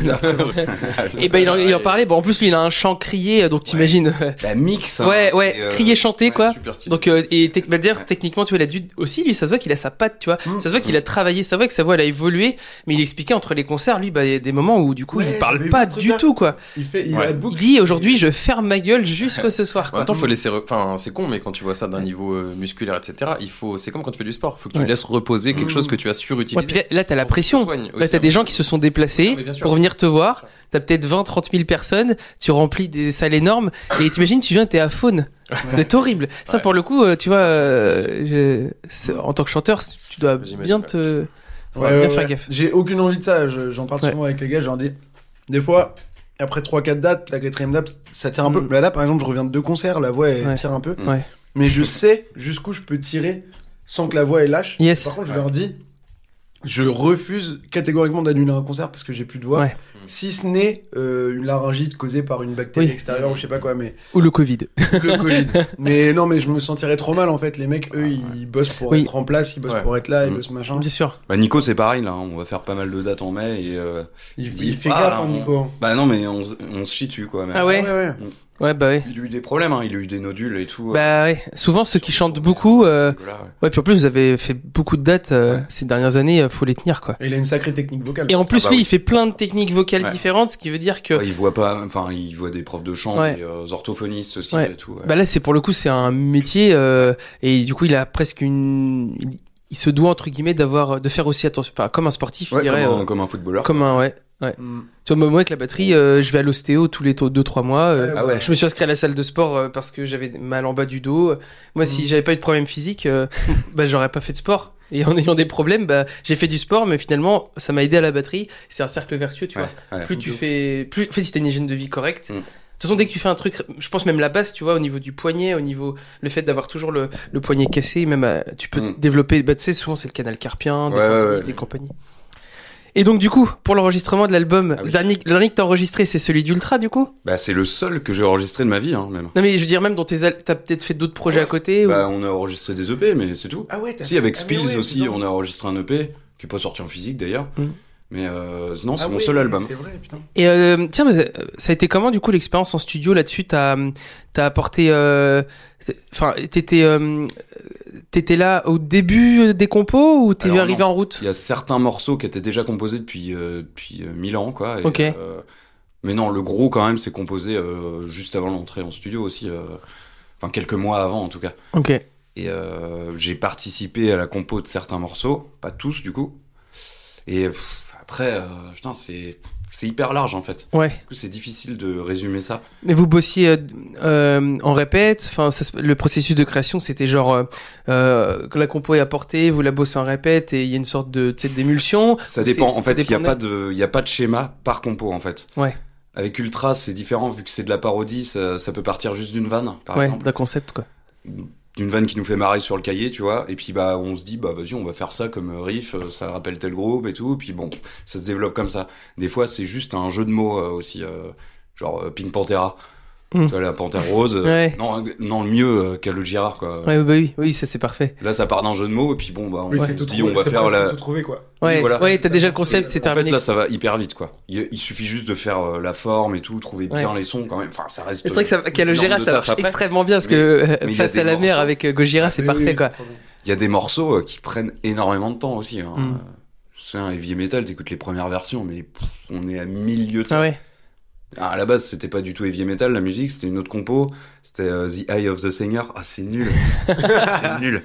[SPEAKER 1] Et ben il en, il en parlait. Bon, en plus lui il a un chant crié, euh, donc t'imagines.
[SPEAKER 3] La mix. hein,
[SPEAKER 1] ouais, ouais,
[SPEAKER 3] c'est, euh,
[SPEAKER 1] crier, chanter
[SPEAKER 3] ouais,
[SPEAKER 1] quoi.
[SPEAKER 2] Super stylé.
[SPEAKER 1] Donc euh, et tec- bah, d'ailleurs
[SPEAKER 3] Ouais. Mmh.
[SPEAKER 1] techniquement tu vois il a dû aussi lui ça se voit qu'il a sa patte tu vois
[SPEAKER 4] Mm.
[SPEAKER 1] ça se voit qu'il a travaillé ça se voit que sa voix elle a évolué mais il expliquait entre les concerts lui bah il y a des moments où du coup
[SPEAKER 4] Ouais,
[SPEAKER 1] il parle
[SPEAKER 4] j'avais
[SPEAKER 1] pas
[SPEAKER 4] vu ce
[SPEAKER 1] du
[SPEAKER 4] truc-là.
[SPEAKER 1] tout quoi
[SPEAKER 4] Il fait. Il
[SPEAKER 3] Ouais.
[SPEAKER 4] a boucle.
[SPEAKER 1] il dit aujourd'hui je ferme ma gueule jusqu'au ce soir
[SPEAKER 2] En
[SPEAKER 1] quoi
[SPEAKER 2] même temps, faut laisser. re- Enfin, c'est con, mais quand tu vois ça d'un niveau euh, musculaire, etc., il faut. C'est comme quand tu fais du sport. Faut que tu
[SPEAKER 1] Ouais.
[SPEAKER 2] laisses reposer quelque
[SPEAKER 4] Mm.
[SPEAKER 2] chose que tu as surutilisé.
[SPEAKER 1] Ouais, puis là, là, t'as la pression là
[SPEAKER 2] hein.
[SPEAKER 1] t'as des gens qui se sont
[SPEAKER 2] Non,
[SPEAKER 1] déplacés
[SPEAKER 2] mais bien sûr.
[SPEAKER 1] pour venir te voir
[SPEAKER 2] Bien
[SPEAKER 1] t'as peut-être 20 30 000 personnes tu remplis des salles énormes et t'imagines tu viens t'es à faune c'est horrible ça
[SPEAKER 2] Ouais.
[SPEAKER 1] pour le coup euh, tu vois euh, je- c'est- en tant que chanteur tu dois
[SPEAKER 2] J'imagine,
[SPEAKER 1] bien
[SPEAKER 2] ouais.
[SPEAKER 1] te faut
[SPEAKER 4] Ouais,
[SPEAKER 1] bien
[SPEAKER 4] ouais,
[SPEAKER 1] faire
[SPEAKER 4] ouais.
[SPEAKER 1] gaffe
[SPEAKER 4] euh, J'ai aucune envie de ça. je- J'en parle
[SPEAKER 1] Ouais.
[SPEAKER 4] souvent avec les gars. Je leur dis. Des fois, après 3-4 dates, la quatrième date, ça tire un peu. Bah
[SPEAKER 1] Mm.
[SPEAKER 4] Là, là, par exemple, je reviens de deux concerts. La voix, elle
[SPEAKER 1] Ouais.
[SPEAKER 4] tire un peu.
[SPEAKER 1] Ouais.
[SPEAKER 4] Mais je sais jusqu'où je peux tirer sans que la voix, elle lâche.
[SPEAKER 1] Yes.
[SPEAKER 4] Par contre, je
[SPEAKER 2] Ouais.
[SPEAKER 4] leur dis. Je refuse catégoriquement d'annuler un concert parce que j'ai plus de voix.
[SPEAKER 1] Ouais.
[SPEAKER 4] Si ce n'est euh, une laryngite causée par une bactérie
[SPEAKER 1] Oui.
[SPEAKER 4] extérieure ou je sais pas quoi, mais
[SPEAKER 1] ou le covid
[SPEAKER 4] le Covid. Mais non, mais je me sentirais trop mal en fait. Les mecs, eux, ils bossent pour
[SPEAKER 1] Oui.
[SPEAKER 4] être en place, ils bossent
[SPEAKER 2] Ouais.
[SPEAKER 4] pour être là, ils
[SPEAKER 3] Mm.
[SPEAKER 4] bossent machin.
[SPEAKER 1] bien sûr
[SPEAKER 3] Bah, Nico, c'est pareil, là. On va faire pas mal de dates en mai et. euh,
[SPEAKER 4] Il,
[SPEAKER 3] Il-
[SPEAKER 4] il fait
[SPEAKER 3] Ah,
[SPEAKER 4] gaffe, hein,
[SPEAKER 3] on-
[SPEAKER 4] Nico.
[SPEAKER 3] Bah non, mais on, s- on se chie dessus, quoi. mais-
[SPEAKER 1] ah ouais
[SPEAKER 4] Ah ouais, ouais.
[SPEAKER 1] Ouais, bah ouais.
[SPEAKER 3] Il a eu des problèmes, hein. il a eu des nodules et tout.
[SPEAKER 1] Bah ouais. Souvent, ceux qui chantent beaucoup. euh,
[SPEAKER 3] Nicolas, ouais.
[SPEAKER 1] Ouais, puis en plus, vous avez fait beaucoup de dates euh, ces dernières années, euh, faut les tenir quoi.
[SPEAKER 4] Et Il a une sacrée technique vocale.
[SPEAKER 2] Ah
[SPEAKER 1] Et en plus,
[SPEAKER 3] bah
[SPEAKER 1] lui,
[SPEAKER 3] oui.
[SPEAKER 1] il fait plein de techniques vocales
[SPEAKER 3] Ouais.
[SPEAKER 1] différentes, ce qui veut dire que.
[SPEAKER 3] Ouais, il voit pas, enfin, il voit des profs de chant,
[SPEAKER 1] Ouais.
[SPEAKER 3] des euh, orthophonistes aussi
[SPEAKER 1] Ouais.
[SPEAKER 3] et tout. ouais.
[SPEAKER 1] Bah là, c'est pour le coup, c'est un métier euh, et du coup, il a presque une. Il se doit entre guillemets d'avoir, de faire aussi attention, enfin comme un sportif,
[SPEAKER 3] Ouais,
[SPEAKER 1] il dirait,
[SPEAKER 3] comme, un,
[SPEAKER 1] euh,
[SPEAKER 3] comme un footballeur.
[SPEAKER 1] comme un ouais.
[SPEAKER 4] Mm.
[SPEAKER 1] Tu vois, moi, moi, avec la batterie, euh, je vais à l'ostéo tous les 2-3 mois. euh,
[SPEAKER 5] Ouais,
[SPEAKER 3] Ah ouais.
[SPEAKER 1] Je me suis inscrit à la salle de sport euh, parce que j'avais mal en bas du dos. Moi,
[SPEAKER 3] Mm.
[SPEAKER 1] si j'avais pas eu de problème physique, euh, bah, j'aurais pas fait de sport. Et en ayant des problèmes, bah, j'ai fait du sport, mais finalement, ça m'a aidé à la batterie. C'est un cercle vertueux, tu
[SPEAKER 3] Ouais,
[SPEAKER 1] vois.
[SPEAKER 3] ouais.
[SPEAKER 1] Plus tu
[SPEAKER 5] De ouf.
[SPEAKER 1] fais, plus, en fait, si t'as une hygiène de vie correcte.
[SPEAKER 3] Mm.
[SPEAKER 1] De toute façon, dès que tu fais un truc, je pense même la base, tu vois, au niveau du poignet, au niveau le fait d'avoir toujours le, le poignet cassé, même à- tu peux
[SPEAKER 3] Mm.
[SPEAKER 1] développer. Bah, tu sais, souvent c'est le canal carpien, des,
[SPEAKER 3] Ouais,
[SPEAKER 1] compagnies,
[SPEAKER 3] ouais, ouais.
[SPEAKER 1] des compagnies. Et donc du coup, pour l'enregistrement de l'album,
[SPEAKER 3] Ah oui.
[SPEAKER 1] le dernier le dernier que t'as enregistré, c'est celui d'Ultra, du coup.
[SPEAKER 3] Bah, c'est le seul que j'ai enregistré de ma vie, hein, même.
[SPEAKER 1] Non mais je veux dire même dans tes al- t'as peut-être fait d'autres projets à côté ou-
[SPEAKER 3] Bah, on a enregistré des EP, mais c'est tout.
[SPEAKER 5] Ah ouais, t'as
[SPEAKER 3] Si, avec
[SPEAKER 5] Ah
[SPEAKER 3] Spills
[SPEAKER 5] ouais,
[SPEAKER 3] aussi,
[SPEAKER 5] putain.
[SPEAKER 3] on a enregistré un EP, qui est pas sorti en physique d'ailleurs.
[SPEAKER 1] Mm.
[SPEAKER 3] Mais euh, non, c'est
[SPEAKER 5] Ah
[SPEAKER 3] mon
[SPEAKER 5] ouais,
[SPEAKER 3] seul album.
[SPEAKER 5] C'est vrai, putain.
[SPEAKER 1] et euh, tiens mais, euh, ça a été comment du coup l'expérience en studio là-dessus t'as euh, t'as apporté euh, t'- enfin t'étais euh, t'étais là au début des compos ou t'es
[SPEAKER 3] Alors,
[SPEAKER 1] arrivé
[SPEAKER 3] non.
[SPEAKER 1] en route
[SPEAKER 3] Il y a certains morceaux qui étaient déjà composés depuis, euh, depuis euh, mille ans, quoi. et,
[SPEAKER 1] Ok.
[SPEAKER 3] euh, mais non, le gros, quand même, c'est composé euh, juste avant l'entrée en studio aussi. euh, Enfin, quelques mois avant, en tout cas.
[SPEAKER 1] ok
[SPEAKER 3] Et euh, j'ai participé à la compo de certains morceaux, pas tous, du coup. Et pff, après, euh, putain, c'est c'est hyper large, en fait.
[SPEAKER 1] ouais
[SPEAKER 3] Du coup, c'est difficile de résumer ça.
[SPEAKER 1] mais vous bossiez euh, euh, en répète enfin ça se- le processus de création c'était genre euh, euh, que la compo est apportée vous la bossez en répète et il y a une sorte de tu sais, d'émulsion
[SPEAKER 3] Ça
[SPEAKER 1] C'est-
[SPEAKER 3] dépend. En
[SPEAKER 1] ça
[SPEAKER 3] fait, il n'y a,
[SPEAKER 1] dépendait.
[SPEAKER 3] pas de- y a pas de schéma par compo, en fait.
[SPEAKER 1] Ouais.
[SPEAKER 3] Avec Ultra, c'est différent, vu que c'est de la parodie, ça, ça peut partir juste d'une vanne, par
[SPEAKER 1] ouais
[SPEAKER 3] exemple.
[SPEAKER 1] d'un concept quoi
[SPEAKER 3] D'une vanne qui nous fait marrer sur le cahier, tu vois. Et puis, bah, on se dit, bah, vas-y, on va faire ça comme riff, euh, ça rappelle tel groupe et tout. Puis bon, ça se développe comme ça. Des fois, c'est juste un jeu de mots euh, aussi, euh, genre euh, Pink Pantera.
[SPEAKER 1] Mm.
[SPEAKER 3] Tu vois, la panthère rose. euh,
[SPEAKER 1] Ouais.
[SPEAKER 3] Non, euh, non, le mieux euh, qu'à le girard, quoi.
[SPEAKER 1] ouais bah oui oui ça c'est parfait
[SPEAKER 3] Là, ça part d'un jeu de mots, et puis bon, bah, on,
[SPEAKER 5] Oui,
[SPEAKER 3] se
[SPEAKER 5] c'est tout
[SPEAKER 3] dit, on va
[SPEAKER 5] trouvé, c'est
[SPEAKER 3] faire
[SPEAKER 5] presque
[SPEAKER 3] la.
[SPEAKER 5] tout trouvé, quoi.
[SPEAKER 1] Ouais,
[SPEAKER 3] voilà.
[SPEAKER 1] ouais, t'as déjà le concept, c'est
[SPEAKER 3] En fait,
[SPEAKER 1] terminé.
[SPEAKER 3] là, ça va hyper vite, quoi. Il, il suffit juste de faire euh, la forme et tout, trouver bien les sons quand même. Enfin, ça reste.
[SPEAKER 1] C'est vrai que ça,
[SPEAKER 3] énorme
[SPEAKER 1] Calogera,
[SPEAKER 3] de
[SPEAKER 1] ça
[SPEAKER 3] taf
[SPEAKER 1] marche
[SPEAKER 3] après.
[SPEAKER 1] extrêmement bien parce que
[SPEAKER 3] Mais-
[SPEAKER 1] euh,
[SPEAKER 3] mais il y a
[SPEAKER 1] face
[SPEAKER 3] des
[SPEAKER 1] à la mer
[SPEAKER 3] morceaux. Ah
[SPEAKER 1] avec euh, Gojira, c'est
[SPEAKER 5] Oui,
[SPEAKER 1] parfait
[SPEAKER 5] oui,
[SPEAKER 1] quoi.
[SPEAKER 5] c'est trop bien.
[SPEAKER 3] Il y a des morceaux euh, qui prennent énormément de temps aussi. Hein.
[SPEAKER 1] Mm.
[SPEAKER 3] Euh, C'est un heavy metal, t'écoutes les premières versions, mais pff, on est à milieu de ça.
[SPEAKER 1] Ah ouais.
[SPEAKER 3] Ah, à la base, c'était pas du tout heavy metal, la musique, c'était une autre compo. C'était euh, The Eye of the Seigneur. Ah, c'est nul. c'est nul.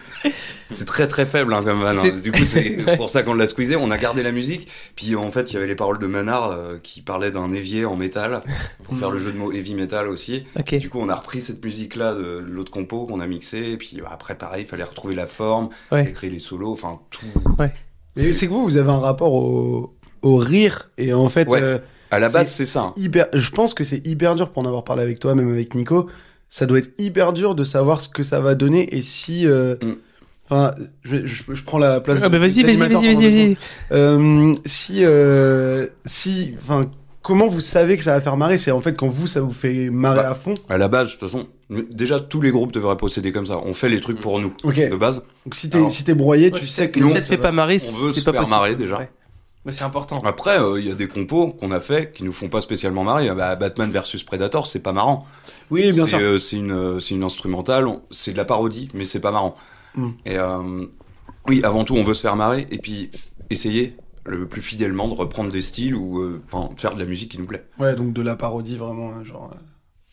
[SPEAKER 3] C'est très très faible hein, comme van. hein.
[SPEAKER 1] C'est-
[SPEAKER 3] Du coup, c'est pour ça qu'on l'a squeezé. On a gardé la musique. Puis en fait, il y avait les paroles de Manard euh, qui parlaient d'un évier en métal pour
[SPEAKER 1] Mm.
[SPEAKER 3] faire le jeu de mots heavy metal aussi.
[SPEAKER 1] Ok.
[SPEAKER 3] Et Du coup, on a repris cette musique-là de l'autre compo qu'on a mixé. Et puis bah, après, pareil, il fallait retrouver la forme,
[SPEAKER 1] Ouais.
[SPEAKER 3] créer les solos, enfin tout.
[SPEAKER 5] Mais c'est que vous, vous avez un rapport au, au rire. Et en fait,
[SPEAKER 3] Ouais.
[SPEAKER 5] euh,
[SPEAKER 3] À la
[SPEAKER 5] C'est-
[SPEAKER 3] base, c'est ça. hein.
[SPEAKER 5] hyper, je pense que c'est hyper dur pour en avoir parlé avec toi, même avec Nico. Ça doit être hyper dur de savoir ce que ça va donner et si. euh,
[SPEAKER 3] Mm.
[SPEAKER 5] Enfin, je, je- je prends la place.
[SPEAKER 1] Ah
[SPEAKER 5] de-
[SPEAKER 1] bah vas-y, vas-y,
[SPEAKER 5] d'animateur
[SPEAKER 1] vas-y,
[SPEAKER 5] pendant
[SPEAKER 1] vas-y,
[SPEAKER 5] deux
[SPEAKER 1] vas-y.
[SPEAKER 5] secondes. Euh, si, euh, si, enfin, comment vous savez que ça va faire marrer C'est en fait quand vous, ça vous fait marrer
[SPEAKER 3] Bah.
[SPEAKER 5] à fond.
[SPEAKER 3] À la base, de toute façon, déjà tous les groupes devraient posséder comme ça. On fait les trucs pour nous
[SPEAKER 5] Ok.
[SPEAKER 3] de base.
[SPEAKER 5] Donc si t'es
[SPEAKER 3] Alors,
[SPEAKER 5] si t'es broyé, tu
[SPEAKER 1] Ouais,
[SPEAKER 5] sais que
[SPEAKER 1] si
[SPEAKER 5] non,
[SPEAKER 1] ça te fait
[SPEAKER 5] va.
[SPEAKER 1] pas marrer,
[SPEAKER 3] On veut
[SPEAKER 1] c'est
[SPEAKER 3] se
[SPEAKER 1] pas
[SPEAKER 3] faire
[SPEAKER 1] possible.
[SPEAKER 3] marrer, déjà.
[SPEAKER 1] Ouais. Mais c'est important.
[SPEAKER 3] Après, euh, il y a des compos qu'on a fait qui nous font pas spécialement marrer. Ah bah, Batman versus Predator, c'est pas marrant.
[SPEAKER 5] Oui, bien
[SPEAKER 3] C'est
[SPEAKER 5] sûr.
[SPEAKER 3] euh, c'est une, euh, c'est une instrumentale, on- c'est de la parodie, mais c'est pas marrant.
[SPEAKER 5] Mm.
[SPEAKER 3] Et euh, oui, avant tout, on veut se faire marrer et puis essayer le plus fidèlement de reprendre des styles ou euh, enfin, de faire de la musique qui nous plaît.
[SPEAKER 5] Ouais, donc de la parodie vraiment, hein, genre. euh,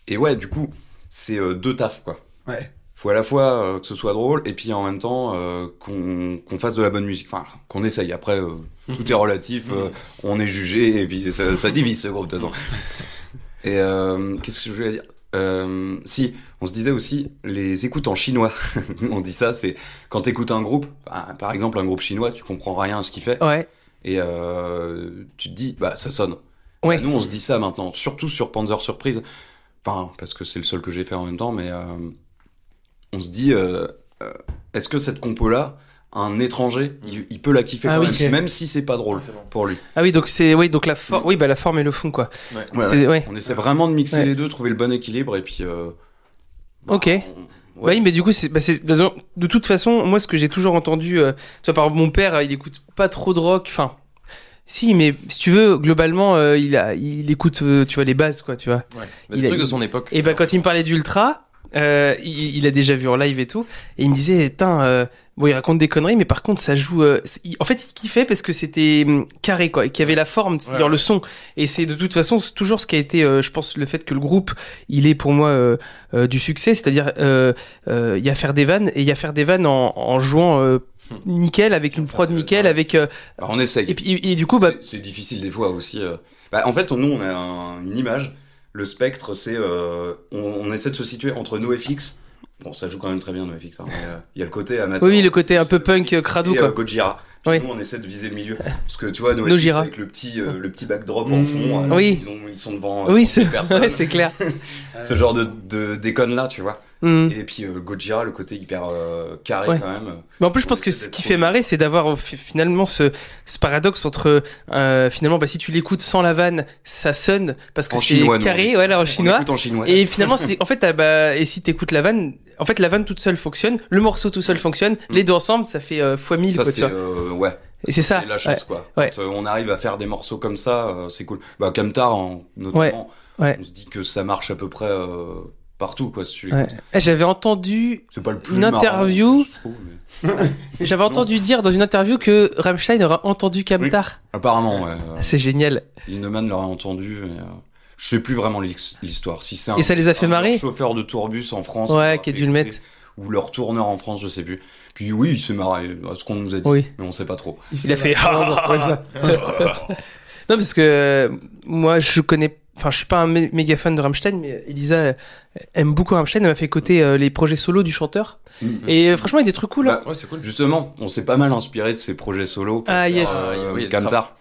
[SPEAKER 3] Et ouais, du coup, c'est euh, deux tafs quoi.
[SPEAKER 5] Ouais.
[SPEAKER 3] Faut à la fois euh, que ce soit drôle et puis en même temps euh, qu'on qu'on fasse de la bonne musique. Enfin, qu'on essaye. Après, euh, tout est relatif. euh, on est jugé et puis ça, ça divise ce groupe de toute façon. Et euh, qu'est-ce que je voulais dire Euh, Si, on se disait aussi les écoutes en chinois. on dit ça, c'est quand t'écoutes un groupe, ah, par exemple un groupe chinois, tu comprends rien à ce qu'il fait
[SPEAKER 1] Ouais.
[SPEAKER 3] et euh, tu te dis bah ça sonne.
[SPEAKER 1] Ouais.
[SPEAKER 3] Bah, nous on se dit ça maintenant, surtout sur Panzer Surprise, enfin parce que c'est le seul que j'ai fait en même temps, mais euh, on se dit euh, euh, est-ce que cette compo là, un étranger, il, il peut la kiffer
[SPEAKER 1] Ah
[SPEAKER 3] quand
[SPEAKER 1] oui,
[SPEAKER 3] même,
[SPEAKER 1] ok.
[SPEAKER 3] même si c'est pas drôle
[SPEAKER 2] C'est bon.
[SPEAKER 3] pour lui.
[SPEAKER 1] Ah oui, donc c'est oui, donc la forme,
[SPEAKER 3] Mm.
[SPEAKER 1] oui, bah la forme et le fond quoi.
[SPEAKER 2] Ouais.
[SPEAKER 3] Ouais,
[SPEAKER 1] C'est- ouais.
[SPEAKER 3] On essaie vraiment de mixer
[SPEAKER 1] Ouais.
[SPEAKER 3] les deux, trouver le bon équilibre et puis. euh, bah,
[SPEAKER 1] Ok.
[SPEAKER 3] on-
[SPEAKER 1] Bah oui, mais du coup, c'est, bah, c'est- de toute façon, moi, ce que j'ai toujours entendu, euh, tu vois, par exemple, mon père, euh, il écoute pas trop de rock, enfin, si, mais si tu veux, globalement, euh, il, a, il écoute, euh, tu vois, les bases, quoi, tu vois.
[SPEAKER 2] Bah,
[SPEAKER 1] Il
[SPEAKER 2] des
[SPEAKER 1] a-
[SPEAKER 2] trucs de son époque.
[SPEAKER 1] Et ben quand il me parlait d'Ultra, euh, il, il a déjà vu en live et tout, et il me disait, Tain, euh, bon, il raconte des conneries, mais par contre, ça joue. euh, c'est- il- en fait, il kiffait parce que c'était hum, carré, quoi, et qu'il y avait la forme, c'est-à-dire le son. Et c'est de toute façon c'est toujours ce qui a été, euh, je pense, le fait que le groupe, il est pour moi euh, euh, du succès, c'est-à-dire euh, euh, il y a faire des vannes et il y a faire des vannes en, en jouant. euh, nickel, avec une prod nickel, avec. euh,
[SPEAKER 3] Alors, on essaye.
[SPEAKER 1] et, puis- et- et du coup, bah,
[SPEAKER 3] C'est- C'est difficile des fois aussi. euh. Bah, en fait, on- nous, on a un- une image. Le spectre, c'est. euh, on, on essaie de se situer entre NoFX. Bon, ça joue quand même très bien NoFX. hein, mais, euh, Il y a le côté amateur.
[SPEAKER 1] oui, oui, le côté un peu punk euh,
[SPEAKER 3] Et,
[SPEAKER 1] crado,
[SPEAKER 3] euh,
[SPEAKER 1] quoi.
[SPEAKER 3] Gojira. Puis
[SPEAKER 1] Oui.
[SPEAKER 3] nous, on essaie de viser le milieu. Parce que tu vois,
[SPEAKER 1] Nos
[SPEAKER 3] NoFX,
[SPEAKER 1] Jira.
[SPEAKER 3] avec le petit, euh, le petit backdrop en fond,
[SPEAKER 5] Mmh.
[SPEAKER 1] Mm.
[SPEAKER 3] euh,
[SPEAKER 1] Oui.
[SPEAKER 3] ils, ont- ils sont devant euh,
[SPEAKER 1] Oui,
[SPEAKER 3] 30
[SPEAKER 1] c'est
[SPEAKER 3] personnes.
[SPEAKER 1] ouais, c'est clair.
[SPEAKER 4] Ah,
[SPEAKER 3] Ce genre de, de déconne-là, tu vois.
[SPEAKER 1] Mm.
[SPEAKER 3] Et puis, euh, Gojira, le côté hyper euh, carré
[SPEAKER 1] Ouais.
[SPEAKER 3] quand même.
[SPEAKER 1] Mais en plus, je pense que ce qui fait marrer, c'est d'avoir euh, fi- finalement ce, ce paradoxe entre euh, finalement, bah, si tu l'écoutes sans la vanne, ça sonne parce que
[SPEAKER 3] En
[SPEAKER 1] c'est
[SPEAKER 3] chinois, nous, on
[SPEAKER 1] carré,
[SPEAKER 3] dit.
[SPEAKER 1] voilà, en
[SPEAKER 3] On
[SPEAKER 1] chinois.
[SPEAKER 3] écoute en chinois.
[SPEAKER 1] Et finalement, c'est- en fait, t'as- bah, et si t'écoutes la vanne, en fait, la vanne toute seule fonctionne, le morceau tout seul fonctionne, les deux ensemble, ça fait euh, fois mille,
[SPEAKER 3] Mm. ça,
[SPEAKER 1] quoi, tu
[SPEAKER 3] c'est.
[SPEAKER 1] vois.
[SPEAKER 3] euh, ouais.
[SPEAKER 1] Et c'est ça.
[SPEAKER 3] C'est la
[SPEAKER 1] ouais.
[SPEAKER 3] chance, quoi.
[SPEAKER 1] Ouais.
[SPEAKER 3] Quand euh, on arrive à faire des morceaux comme ça, euh, c'est cool. Bah, Camtar, en- notamment,
[SPEAKER 1] Ouais, ouais.
[SPEAKER 3] on se dit que ça marche à peu près euh, partout, quoi. si tu
[SPEAKER 1] Ouais.
[SPEAKER 3] l'écoutes.
[SPEAKER 1] Eh, J'avais entendu,
[SPEAKER 3] C'est pas le plus
[SPEAKER 1] Une
[SPEAKER 3] marrant,
[SPEAKER 1] interview.
[SPEAKER 3] je trouve, mais-
[SPEAKER 1] j'avais entendu dire dans une interview que Rammstein aura entendu Camtar.
[SPEAKER 3] Apparemment, ouais. euh,
[SPEAKER 1] C'est génial.
[SPEAKER 3] Lindemann l'aurait entendu. mais, euh, Je sais plus vraiment l'his- l'histoire. Si c'est un,
[SPEAKER 1] Et ça les a fait
[SPEAKER 3] un de leurs
[SPEAKER 1] marrer
[SPEAKER 3] chauffeurs de tourbus en France.
[SPEAKER 1] Ouais,
[SPEAKER 3] leur a
[SPEAKER 1] qui a
[SPEAKER 3] fait
[SPEAKER 1] dû le
[SPEAKER 3] écouter,
[SPEAKER 1] mettre.
[SPEAKER 3] Ou leur tourneur en France, je sais plus. Puis oui, il s'est marré. à Ce qu'on nous a dit.
[SPEAKER 1] Oui.
[SPEAKER 3] Mais on sait pas trop.
[SPEAKER 1] Il a fait.
[SPEAKER 5] ça.
[SPEAKER 1] Non, parce que euh, moi, je connais. Enfin, je suis pas un mé- méga fan de Rammstein, mais Elisa euh, aime beaucoup Rammstein. Elle m'a fait écouter euh, les projets solo du chanteur.
[SPEAKER 3] Mhm.
[SPEAKER 1] Et euh, franchement, il y a des trucs cool.
[SPEAKER 3] Bah,
[SPEAKER 2] Ouais, c'est cool.
[SPEAKER 3] Justement, on s'est pas mal inspiré de ses projets solos. pour
[SPEAKER 1] Ah,
[SPEAKER 3] faire,
[SPEAKER 1] yes.
[SPEAKER 3] euh,
[SPEAKER 2] Oui, il y a des
[SPEAKER 3] Camtar.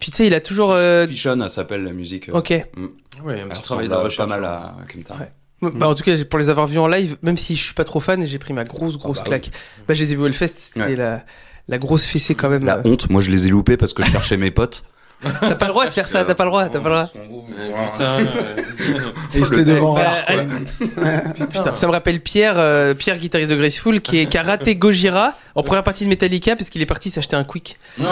[SPEAKER 1] Puis tu sais, il a toujours. euh,
[SPEAKER 3] Fichon, elle s'appelle la musique. euh,
[SPEAKER 1] Ok. Bah,
[SPEAKER 2] Ouais, un
[SPEAKER 3] Elle
[SPEAKER 2] petit travail
[SPEAKER 3] ressemble
[SPEAKER 2] de
[SPEAKER 3] à-
[SPEAKER 2] recherche. hein.
[SPEAKER 3] pas mal à à Kentar.
[SPEAKER 1] Ouais.
[SPEAKER 3] Mm-hmm.
[SPEAKER 1] Bah, en tout cas, pour les avoir vus en live, même si je suis pas trop fan, j'ai pris ma grosse grosse
[SPEAKER 3] bah oui.
[SPEAKER 1] claque. Bah, je les ai vus au Hellfest, c'était
[SPEAKER 3] Ouais.
[SPEAKER 1] la, la grosse fessée quand même.
[SPEAKER 3] La
[SPEAKER 1] Euh,
[SPEAKER 3] honte, moi je les ai loupés parce que je cherchais mes potes.
[SPEAKER 1] T'as pas le droit de faire ça, t'as pas le droit,
[SPEAKER 5] Ah,
[SPEAKER 1] t'as pas le droit.
[SPEAKER 2] Euh, Putain. euh,
[SPEAKER 5] Et c'était devant
[SPEAKER 1] Bah,
[SPEAKER 5] Rare, quoi.
[SPEAKER 1] Putain, ça me rappelle Pierre, euh, Pierre guitariste de Graceful, qui, est, qui a raté Gojira en première partie de Metallica parce qu'il est parti s'acheter un quick.
[SPEAKER 2] Non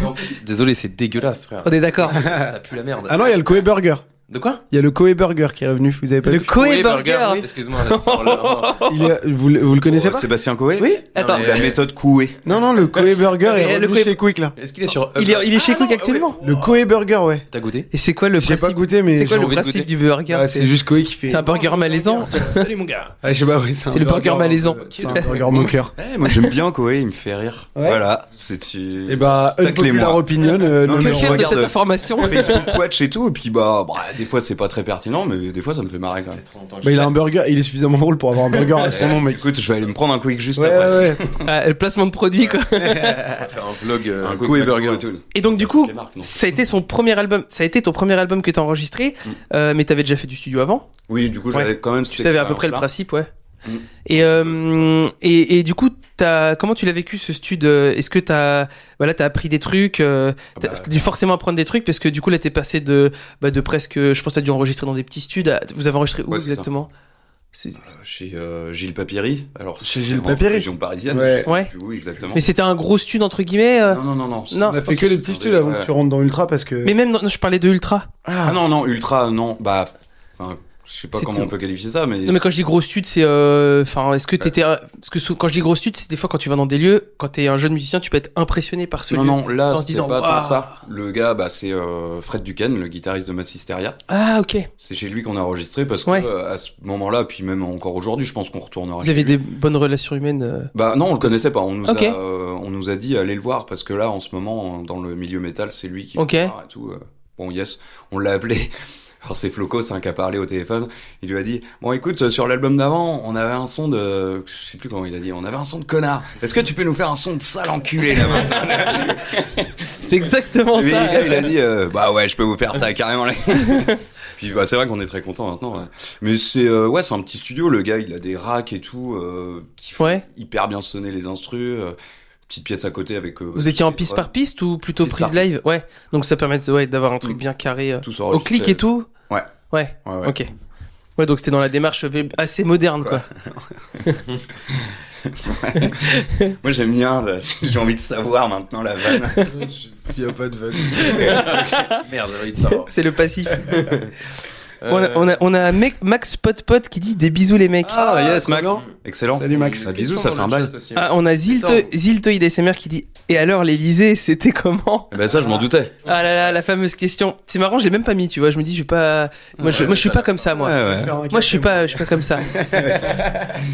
[SPEAKER 2] Mais En plus, désolé, c'est dégueulasse, frère.
[SPEAKER 1] On est d'accord.
[SPEAKER 2] Ça pue la merde.
[SPEAKER 5] Ah non, il y a le Koei Burger.
[SPEAKER 2] De quoi
[SPEAKER 5] Il y a le Koei Burger qui est revenu. Vous avez pas
[SPEAKER 1] Le
[SPEAKER 5] vu
[SPEAKER 1] Koei
[SPEAKER 2] Oui,
[SPEAKER 1] Burger.
[SPEAKER 2] Excuse-moi, on a- on l'a-
[SPEAKER 5] Il est- vous, le- vous le connaissez pas
[SPEAKER 3] Sébastien Coé
[SPEAKER 5] Oui.
[SPEAKER 1] Attends.
[SPEAKER 3] La méthode Coué.
[SPEAKER 5] Non, non, le Koei Burger
[SPEAKER 1] Mais
[SPEAKER 5] est
[SPEAKER 1] le
[SPEAKER 5] revenu
[SPEAKER 1] Koei-
[SPEAKER 5] chez Quick là.
[SPEAKER 2] Est-ce qu'il est sur.
[SPEAKER 1] Il est, il est chez
[SPEAKER 2] Ah,
[SPEAKER 1] Quick
[SPEAKER 2] non,
[SPEAKER 1] actuellement.
[SPEAKER 5] Le Koei Burger, ouais.
[SPEAKER 2] oui. T'as goûté
[SPEAKER 1] Et c'est quoi le
[SPEAKER 5] J'ai
[SPEAKER 1] principe
[SPEAKER 5] pas goûté, mais
[SPEAKER 1] C'est quoi
[SPEAKER 2] j'ai
[SPEAKER 1] le
[SPEAKER 2] envie de
[SPEAKER 1] principe
[SPEAKER 2] goûter.
[SPEAKER 1] du burger
[SPEAKER 5] Ah,
[SPEAKER 1] C'est
[SPEAKER 5] c'est juste Koei qui fait.
[SPEAKER 1] c'est un burger malaisant.
[SPEAKER 2] Salut mon gars
[SPEAKER 5] Ah, je sais pas, oui,
[SPEAKER 1] C'est le burger
[SPEAKER 5] un peu-
[SPEAKER 1] malaisant.
[SPEAKER 5] C'est un burger moqueur.
[SPEAKER 3] moi j'aime bien Coé, il me fait rire.
[SPEAKER 5] Ouais.
[SPEAKER 3] Voilà, c'est tu.
[SPEAKER 5] Et bah,
[SPEAKER 3] Taclez-moi.
[SPEAKER 5] Unpopular Opinion, euh,
[SPEAKER 3] Non,
[SPEAKER 5] le
[SPEAKER 3] mais
[SPEAKER 1] Que
[SPEAKER 3] on
[SPEAKER 5] numéro-
[SPEAKER 1] faire de
[SPEAKER 3] regarde.
[SPEAKER 1] cette information
[SPEAKER 3] Facebook Watch et tout, et puis bah, bah, des fois c'est pas très pertinent, mais des fois ça me fait marrer quand même.
[SPEAKER 5] Bah, il a un burger, il est suffisamment drôle pour avoir un burger à son nom, mec.
[SPEAKER 3] Écoute, je vais aller me prendre un Quick juste
[SPEAKER 5] Ouais,
[SPEAKER 3] après.
[SPEAKER 5] ouais, ouais.
[SPEAKER 1] Ah, Le placement de produit quoi. Bah,
[SPEAKER 2] va faire un vlog. euh,
[SPEAKER 3] Un
[SPEAKER 2] Quick
[SPEAKER 3] Coué
[SPEAKER 2] Burger.
[SPEAKER 3] Burger et tout.
[SPEAKER 1] Et donc du coup,
[SPEAKER 3] Les marques, non.
[SPEAKER 1] ça a été son premier album. Ça a été ton premier album que t'as enregistré, euh, mais t'avais déjà fait du studio avant.
[SPEAKER 3] Oui, du coup j'avais quand même.
[SPEAKER 1] Tu savais à peu près le principe, ouais.
[SPEAKER 3] Mm.
[SPEAKER 1] Et, euh, et, et du coup, as, comment tu l'as vécu ce stud euh, Est-ce que t'as voilà, as appris des trucs euh, T'as
[SPEAKER 3] bah,
[SPEAKER 1] t'as dû forcément apprendre des trucs parce que du coup, là, t'es passé de, bah, de presque. Je pense que t'as dû enregistrer dans des petits studs. à- Vous avez enregistré où
[SPEAKER 3] Ouais, c'est ça.
[SPEAKER 1] exactement C'est-
[SPEAKER 3] Chez euh, Gilles Papiri. Alors
[SPEAKER 5] Chez Gilles
[SPEAKER 3] en
[SPEAKER 5] Papiri.
[SPEAKER 3] Région parisienne.
[SPEAKER 5] Ouais.
[SPEAKER 1] Ouais.
[SPEAKER 3] Oui, exactement.
[SPEAKER 1] Mais c'était un gros stud entre guillemets. euh,
[SPEAKER 3] Non, non, non, non.
[SPEAKER 1] Non.
[SPEAKER 5] On a fait que les petits studios avant que tu rentres dans Ultra parce que.
[SPEAKER 1] Mais même, dans- je parlais de Ultra.
[SPEAKER 3] Ah non, non, ultra, non, bah. enfin, je sais pas
[SPEAKER 1] C'est
[SPEAKER 3] comment
[SPEAKER 1] tout.
[SPEAKER 3] on peut qualifier ça, mais.
[SPEAKER 1] Non mais quand je dis gros stud, c'est euh, enfin est-ce que t'étais un- parce que sou- quand je dis gros stud, c'est des fois quand tu vas dans des lieux, quand t'es un jeune musicien, tu peux être impressionné par ce
[SPEAKER 3] non,
[SPEAKER 1] lieu.
[SPEAKER 3] non,
[SPEAKER 1] en
[SPEAKER 3] là,
[SPEAKER 1] se
[SPEAKER 3] c'était
[SPEAKER 1] disant,
[SPEAKER 3] pas tant
[SPEAKER 1] Waouh.
[SPEAKER 3] ça. Le gars, bah, c'est euh, Fred Duquesne, le guitariste de Massisteria.
[SPEAKER 1] Ah ok.
[SPEAKER 3] C'est chez lui qu'on a enregistré parce que
[SPEAKER 1] Ouais.
[SPEAKER 3] euh, à ce moment-là, puis même encore aujourd'hui, je pense qu'on retournera.
[SPEAKER 1] Vous
[SPEAKER 3] chez
[SPEAKER 1] avez des
[SPEAKER 3] lui.
[SPEAKER 1] bonnes relations humaines. euh.
[SPEAKER 3] Bah non, on le connaissait pas. On nous
[SPEAKER 1] Ok.
[SPEAKER 3] a, euh, on nous a dit allez le voir parce que là, en ce moment, dans le milieu métal, c'est lui qui.
[SPEAKER 1] Ok.
[SPEAKER 3] fait part Et tout. euh. Bon, yes, on l'a appelé. Alors c'est Floco, c'est un qui a parlé au téléphone. Il lui a dit bon écoute, euh, sur l'album d'avant, on avait un son de, je sais plus comment il a dit, on avait un son de connard. Est-ce que tu peux nous faire un son de sale enculé là maintenant
[SPEAKER 1] C'est exactement
[SPEAKER 3] Mais
[SPEAKER 1] ça.
[SPEAKER 3] le gars, il a dit, euh, bah ouais, je peux vous faire ça carrément. là. Puis bah, c'est vrai qu'on est très content maintenant. ouais. Mais c'est euh, ouais, c'est un petit studio. Le gars, il a des racks et tout euh, qui font
[SPEAKER 1] Ouais.
[SPEAKER 3] hyper bien sonner les instrus. euh, petite pièce à côté avec. euh,
[SPEAKER 1] Vous étiez en
[SPEAKER 3] des
[SPEAKER 1] piste
[SPEAKER 3] prods,
[SPEAKER 1] par piste ou plutôt
[SPEAKER 3] Piste
[SPEAKER 1] prise
[SPEAKER 3] par
[SPEAKER 1] live Ouais. Donc ça permet ouais, d'avoir un truc
[SPEAKER 3] Mm.
[SPEAKER 1] bien carré. euh,
[SPEAKER 3] tous
[SPEAKER 1] Au clic et tout
[SPEAKER 3] Ouais.
[SPEAKER 1] Ouais,
[SPEAKER 3] Ouais, ouais.
[SPEAKER 1] ok. Ouais, donc c'était dans la démarche v- assez moderne, quoi.
[SPEAKER 3] Moi j'aime bien. là, J'ai envie de savoir maintenant la vanne.
[SPEAKER 5] Il y a pas de vanne.
[SPEAKER 2] Merde, j'ai envie de savoir.
[SPEAKER 1] C'est le passif. On a, on a, on a un mec, Max Potpot qui dit des bisous les mecs. Ah,
[SPEAKER 3] Ah, yes, Max.
[SPEAKER 5] trop
[SPEAKER 3] Excellent.
[SPEAKER 5] Salut, Max.
[SPEAKER 3] Bah, bisous, ça fait un bail.
[SPEAKER 1] Ah, on a Zilt,
[SPEAKER 2] Ça,
[SPEAKER 1] Ziltoïd SMR qui dit Et alors l'Elysée, c'était comment
[SPEAKER 3] Eh ben ça, je m'en doutais.
[SPEAKER 1] Ah là là, la fameuse question. C'est marrant, j'ai même pas mis, tu vois. Je me dis, je vais pas. Moi, je,
[SPEAKER 2] Ouais,
[SPEAKER 1] moi, je suis
[SPEAKER 2] ouais.
[SPEAKER 1] pas comme ça, moi.
[SPEAKER 3] ouais.
[SPEAKER 5] Faire un
[SPEAKER 1] Moi, je suis
[SPEAKER 5] café,
[SPEAKER 1] pas, je suis pas comme ça.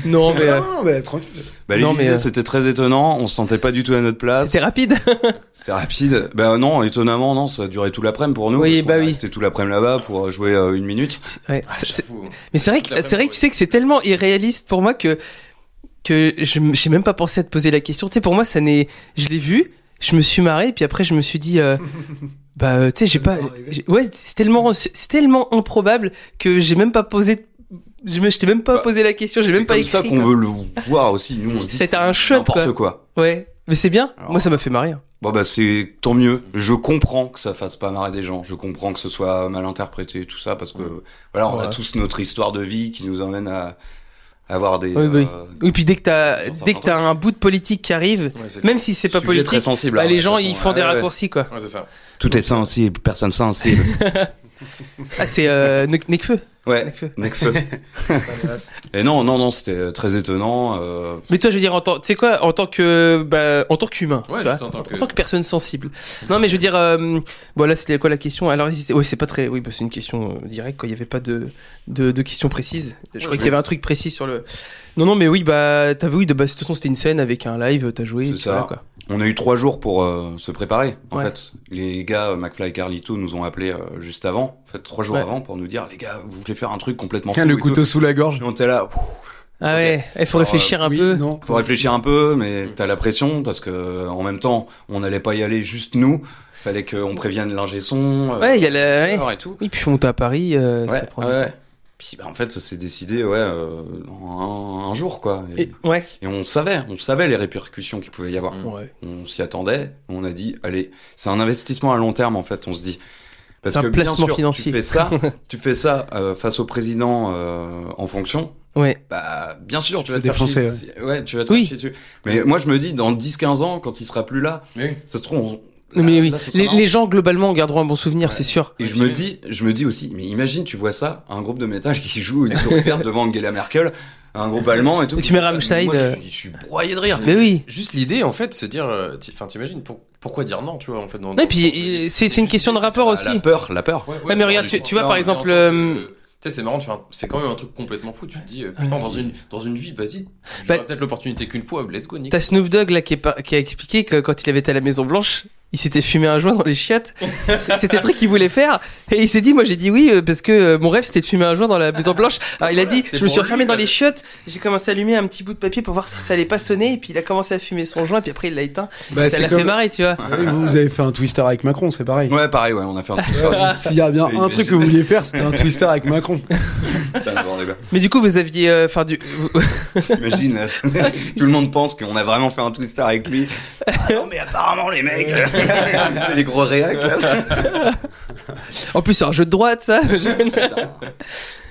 [SPEAKER 1] non, mais euh,
[SPEAKER 5] Non, non, mais tranquille.
[SPEAKER 3] Bah,
[SPEAKER 1] Non,
[SPEAKER 3] l'Élysée,
[SPEAKER 1] mais, euh,
[SPEAKER 3] c'était très étonnant. On se sentait pas du tout à notre place.
[SPEAKER 1] c'était rapide.
[SPEAKER 3] C'était rapide. Bah non, étonnamment, non, ça a duré tout l'après-midi pour nous.
[SPEAKER 1] Oui,
[SPEAKER 3] parce qu'on
[SPEAKER 1] bah
[SPEAKER 3] est
[SPEAKER 1] oui.
[SPEAKER 3] resté tout l'après-midi là-bas pour jouer euh, une minute.
[SPEAKER 1] Ouais,
[SPEAKER 2] Ah,
[SPEAKER 1] c'est- c'est- mais c'est vrai,
[SPEAKER 2] toute la
[SPEAKER 1] que, c'est vrai que tu
[SPEAKER 2] famille.
[SPEAKER 1] sais que c'est tellement irréaliste pour moi que que je m- j'ai même pas pensé à te poser la question. Tu sais, pour moi, ça n'est. Je l'ai vu, je me suis marré, puis après, je me suis dit. euh, Bah, euh, tu sais, j'ai
[SPEAKER 5] Ça
[SPEAKER 1] pas.
[SPEAKER 5] m'est pas arrivé.
[SPEAKER 1] j'ai- Ouais, c'est tellement, c'est c'est tellement improbable que j'ai même pas posé. j'ai même- Je t'ai même pas
[SPEAKER 3] Bah,
[SPEAKER 1] posé la question, j'ai
[SPEAKER 3] C'est
[SPEAKER 1] même pas
[SPEAKER 3] comme
[SPEAKER 1] écrit.
[SPEAKER 3] ça qu'on
[SPEAKER 1] quoi.
[SPEAKER 3] veut le voir aussi. Nous, on se dit.
[SPEAKER 1] C'était un shot,
[SPEAKER 3] N'importe
[SPEAKER 1] quoi.
[SPEAKER 3] quoi.
[SPEAKER 1] Ouais, mais c'est bien.
[SPEAKER 3] Alors-
[SPEAKER 1] Moi, ça m'a fait marrer. hein.
[SPEAKER 3] Bon bah c'est tant mieux. Je comprends que ça fasse pas marrer des gens. Je comprends que ce soit mal interprété tout ça parce que voilà on a
[SPEAKER 1] Ouais.
[SPEAKER 3] tous notre histoire de vie qui nous emmène à à avoir des
[SPEAKER 1] Oui, oui.
[SPEAKER 3] euh,
[SPEAKER 1] Et puis dès que t'as
[SPEAKER 3] C'est sûr,
[SPEAKER 1] dès que
[SPEAKER 3] c'est
[SPEAKER 1] t'as un bout de politique qui arrive, même si c'est pas
[SPEAKER 3] sujets
[SPEAKER 1] politique,
[SPEAKER 3] très sensibles.
[SPEAKER 1] bah,
[SPEAKER 3] hein,
[SPEAKER 1] les
[SPEAKER 3] de
[SPEAKER 1] gens
[SPEAKER 3] toute
[SPEAKER 1] ils
[SPEAKER 3] façon.
[SPEAKER 1] font des
[SPEAKER 3] Ouais, ouais.
[SPEAKER 1] raccourcis quoi.
[SPEAKER 2] Ouais, c'est ça.
[SPEAKER 3] Tout est sensible, personne sensible.
[SPEAKER 1] Ah c'est euh, Nec- Necfeu,
[SPEAKER 3] ouais.
[SPEAKER 1] Necfeu.
[SPEAKER 3] Necfeu. Et non non non c'était euh, très étonnant. euh,
[SPEAKER 1] Mais toi je veux dire en tant tu sais quoi en tant que bah, en tant qu'humain,
[SPEAKER 2] Ouais,
[SPEAKER 1] tu vois,
[SPEAKER 2] juste en tant que-
[SPEAKER 1] personne sensible. Non mais je veux dire euh, bon là c'était quoi la question Alors hésitez- oui c'est pas très oui bah, c'est une question euh, directe quoi. Il y avait pas de de, de questions précises. Je crois qu'il y avait un truc précis sur le. Non non mais oui bah t'as vu oui, de bah, de toute façon c'était une scène avec un live t'as joué. et
[SPEAKER 3] C'est
[SPEAKER 1] puis
[SPEAKER 3] ça.
[SPEAKER 1] voilà, quoi.
[SPEAKER 3] On a eu trois jours pour euh, se préparer. En
[SPEAKER 1] Ouais.
[SPEAKER 3] fait, les gars euh, McFly et Carlito nous ont appelés euh, juste avant, en fait trois jours
[SPEAKER 1] Ouais.
[SPEAKER 3] avant pour nous dire les gars vous voulez faire un truc complètement fou.
[SPEAKER 5] Tiens, le
[SPEAKER 3] et tout.
[SPEAKER 5] couteau sous la gorge.
[SPEAKER 3] Et on était là. ouh,
[SPEAKER 1] Ah ouais, il faut
[SPEAKER 3] Alors, euh,
[SPEAKER 1] réfléchir un
[SPEAKER 5] Oui,
[SPEAKER 1] peu.
[SPEAKER 5] non.
[SPEAKER 3] Faut réfléchir un peu, mais t'as la pression parce que euh, en même temps, on n'allait pas y aller juste nous. Fallait qu'on prévienne l'ingé son. euh,
[SPEAKER 1] Ouais, il y a la- ouais.
[SPEAKER 3] l'heure et tout.
[SPEAKER 1] Oui, puis monter à Paris, euh, ça
[SPEAKER 3] Ouais,
[SPEAKER 1] prend du
[SPEAKER 3] ouais. Puis bah, en fait, ça s'est décidé ouais euh, en un, un jour quoi.
[SPEAKER 1] temps.
[SPEAKER 3] Et,
[SPEAKER 1] Et- ouais.
[SPEAKER 3] et on savait, on savait les répercussions qu'il pouvait y avoir.
[SPEAKER 2] Mm.
[SPEAKER 1] Ouais.
[SPEAKER 3] On s'y attendait. On a dit allez, c'est un investissement à long terme en fait. On se dit. Parce
[SPEAKER 1] C'est un
[SPEAKER 3] que bien
[SPEAKER 1] placement
[SPEAKER 3] sûr,
[SPEAKER 1] financier.
[SPEAKER 3] Tu fais ça, tu fais ça euh, face au président euh, en fonction.
[SPEAKER 1] Ouais.
[SPEAKER 3] Bah, bien sûr, tu
[SPEAKER 5] Tu
[SPEAKER 3] vas
[SPEAKER 5] vas
[SPEAKER 3] te faire
[SPEAKER 5] défoncer,
[SPEAKER 3] chier. Ouais. tu vas te
[SPEAKER 1] Oui.
[SPEAKER 3] faire chier dessus. Mais moi, je me dis, dans 10-15 ans, quand il sera plus là,
[SPEAKER 2] Mais oui.
[SPEAKER 3] ça se trouve, on-
[SPEAKER 1] Non,
[SPEAKER 3] là-
[SPEAKER 1] mais oui,
[SPEAKER 3] là, ce sera
[SPEAKER 1] les,
[SPEAKER 3] marrant.
[SPEAKER 1] les gens globalement garderont un bon souvenir,
[SPEAKER 3] Ouais.
[SPEAKER 1] c'est sûr.
[SPEAKER 3] Et je me dis, je me dis aussi, mais imagine, tu vois ça, un groupe de métal qui joue une sourire devant Angela Merkel, un groupe allemand et tout.
[SPEAKER 1] Et tu
[SPEAKER 3] qui
[SPEAKER 1] mets
[SPEAKER 3] fait ça.
[SPEAKER 1] Rammstein,
[SPEAKER 3] Moi, je
[SPEAKER 1] euh,
[SPEAKER 3] suis, je suis broyé de rire.
[SPEAKER 1] Mais oui.
[SPEAKER 2] Juste l'idée, en fait, de se dire. euh, ti- Enfin, t'imagines, pour- pourquoi dire non, tu vois, en fait. Dans,
[SPEAKER 1] Non, et puis euh, c'est c'est une question de rapport
[SPEAKER 3] Bah,
[SPEAKER 1] aussi.
[SPEAKER 3] La peur, la peur.
[SPEAKER 1] Ouais, mais regarde, tu, tu vois par exemple, euh,
[SPEAKER 2] Tu sais, c'est marrant, de faire un- c'est quand même un truc complètement fou. Tu te dis, euh, putain,
[SPEAKER 1] Ouais.
[SPEAKER 2] dans, une, dans une vie, vas-y,
[SPEAKER 1] Bah-
[SPEAKER 2] j'aurai peut-être l'opportunité qu'une fois, let's go, Nick.
[SPEAKER 1] t'as Snoop Dogg là qui, est par- qui a expliqué que quand il avait été à la Maison Blanche, il s'était fumé un joint dans les chiottes. C'est- C'était le truc qu'il voulait faire. Et il s'est dit, moi j'ai dit oui euh, parce que euh, mon rêve c'était de fumer un joint dans la Maison Blanche. Alors il a
[SPEAKER 2] Voilà,
[SPEAKER 1] dit,
[SPEAKER 2] c'était
[SPEAKER 1] je me suis
[SPEAKER 2] pour
[SPEAKER 1] enfermé
[SPEAKER 2] lui,
[SPEAKER 1] dans
[SPEAKER 2] quoi.
[SPEAKER 1] les chiottes, j'ai commencé à allumer un petit bout de papier pour voir si ça allait pas sonner. Et puis il a commencé à fumer son joint, puis après il l'a éteint.
[SPEAKER 5] Bah,
[SPEAKER 1] ça
[SPEAKER 5] c'est
[SPEAKER 1] l'a fait
[SPEAKER 5] comme-
[SPEAKER 1] marrer, tu vois.
[SPEAKER 5] Oui, Vous, vous avez fait un twister avec Macron, c'est pareil.
[SPEAKER 3] Ouais, pareil, ouais, on a fait un truc sur
[SPEAKER 5] Ouais, S'il y a bien
[SPEAKER 3] C'est
[SPEAKER 5] un truc que vous vouliez faire, c'était un twister avec Macron.
[SPEAKER 1] Mais du coup, vous aviez, euh, enfin, du,
[SPEAKER 3] Imagine, là, tout le monde pense qu'on a vraiment fait un twister avec lui. Ah non, mais apparemment, les mecs, c'est les gros réacs. là.
[SPEAKER 1] En plus, c'est un jeu de droite, ça.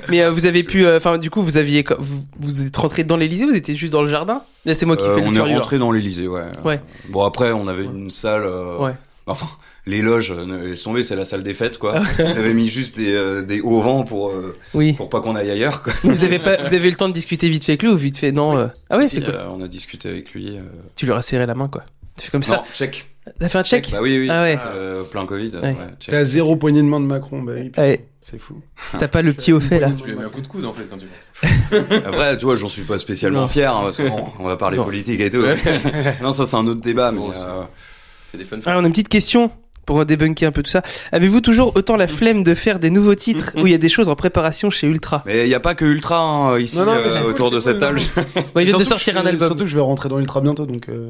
[SPEAKER 1] Mais euh, vous avez pu, euh, enfin, du coup, vous aviez, vous, vous êtes rentré dans l'Elysée, vous étiez juste dans le jardin. Là, c'est moi qui
[SPEAKER 3] Euh,
[SPEAKER 1] fais le
[SPEAKER 3] on est
[SPEAKER 1] curieux.
[SPEAKER 3] rentré dans l'Elysée, ouais.
[SPEAKER 1] Ouais.
[SPEAKER 3] Bon, après, on avait une salle. euh,
[SPEAKER 1] Ouais.
[SPEAKER 3] Enfin, les loges, euh, ne- laisse tomber, c'est la salle des fêtes,
[SPEAKER 1] Ah
[SPEAKER 3] quoi. Ils avaient mis juste des, euh, des hauts vents pour, euh,
[SPEAKER 1] Oui.
[SPEAKER 3] pour pas qu'on aille ailleurs, quoi.
[SPEAKER 1] vous avez pas, vous avez eu le temps de discuter vite fait avec lui ou vite fait non euh, Ah oui,
[SPEAKER 3] Si,
[SPEAKER 1] c'est cool.
[SPEAKER 3] euh, on a discuté avec lui. euh,
[SPEAKER 1] Tu lui as serré la main, quoi. Tu fais comme ça.
[SPEAKER 3] Non, check.
[SPEAKER 1] T'as fait un check.
[SPEAKER 3] Bah oui, oui,
[SPEAKER 1] Ah ouais.
[SPEAKER 3] c'est, euh, plein Covid.
[SPEAKER 1] Ouais.
[SPEAKER 3] ouais, check.
[SPEAKER 5] T'as zéro poignée de main de Macron, bah oui,
[SPEAKER 1] Ouais,
[SPEAKER 5] c'est fou.
[SPEAKER 1] T'as pas le petit au fait là.
[SPEAKER 2] Tu lui as mis un coup de coude, en fait, quand tu penses.
[SPEAKER 3] Après, tu vois, j'en suis pas spécialement
[SPEAKER 1] Non.
[SPEAKER 3] fier, hein, parce que, bon, on va parler
[SPEAKER 1] Non.
[SPEAKER 3] politique et tout. non, ça, c'est un autre débat, mais.
[SPEAKER 2] Bon, c'est-
[SPEAKER 3] euh,
[SPEAKER 2] C'est des fun facts.
[SPEAKER 1] Alors, Ah, on a une petite question pour débunker un peu tout ça. Avez-vous toujours autant la flemme de faire des nouveaux titres où il y a des choses en préparation chez Ultra
[SPEAKER 3] Mais il n'y a pas que Ultra hein, ici
[SPEAKER 5] Non, non, mais
[SPEAKER 3] euh,
[SPEAKER 5] c'est cool,
[SPEAKER 3] autour
[SPEAKER 5] c'est
[SPEAKER 3] de cette
[SPEAKER 5] cool,
[SPEAKER 3] table.
[SPEAKER 1] ouais, Ils viennent de
[SPEAKER 5] Surtout que
[SPEAKER 1] sortir
[SPEAKER 5] je-
[SPEAKER 1] un album.
[SPEAKER 5] Surtout que je vais rentrer dans Ultra bientôt, donc. euh,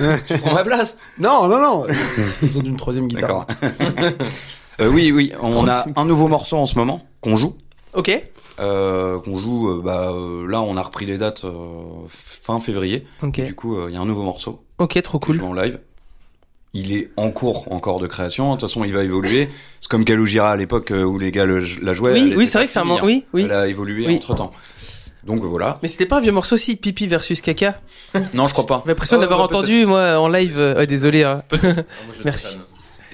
[SPEAKER 3] Euh, tu prends ma place.
[SPEAKER 5] Non, non, non J'ai besoin d'une troisième guitare.
[SPEAKER 3] D'accord. Euh, oui, oui, on a un nouveau morceau en ce moment qu'on joue.
[SPEAKER 1] Ok.
[SPEAKER 3] Euh, qu'on joue, euh, bah, euh, là on a repris les dates euh, fin février.
[SPEAKER 1] Ok.
[SPEAKER 3] Du coup, euh, il y a un nouveau morceau
[SPEAKER 1] Ok, trop
[SPEAKER 3] qu'on
[SPEAKER 1] cool.
[SPEAKER 3] joue en live. Il est en cours encore de création. De toute façon, il va évoluer. C'est comme Kalujira à l'époque euh, où les gars le- la jouaient.
[SPEAKER 1] Oui,
[SPEAKER 3] elle
[SPEAKER 1] oui,
[SPEAKER 3] était
[SPEAKER 1] c'est vrai
[SPEAKER 3] pas
[SPEAKER 1] que c'est un.
[SPEAKER 3] finie,
[SPEAKER 1] man-
[SPEAKER 3] hein.
[SPEAKER 1] Oui, oui.
[SPEAKER 3] Elle a évolué
[SPEAKER 1] Oui.
[SPEAKER 3] entre temps. Donc voilà.
[SPEAKER 1] Mais c'était pas un vieux morceau aussi, Pipi versus Caca
[SPEAKER 3] Non, je crois pas.
[SPEAKER 1] J'ai l'impression
[SPEAKER 3] Oh,
[SPEAKER 1] d'avoir
[SPEAKER 3] bah,
[SPEAKER 1] entendu, moi, en live. euh, ouais, désolé. hein.
[SPEAKER 2] Ah, moi, je
[SPEAKER 1] Merci.
[SPEAKER 2] te fan.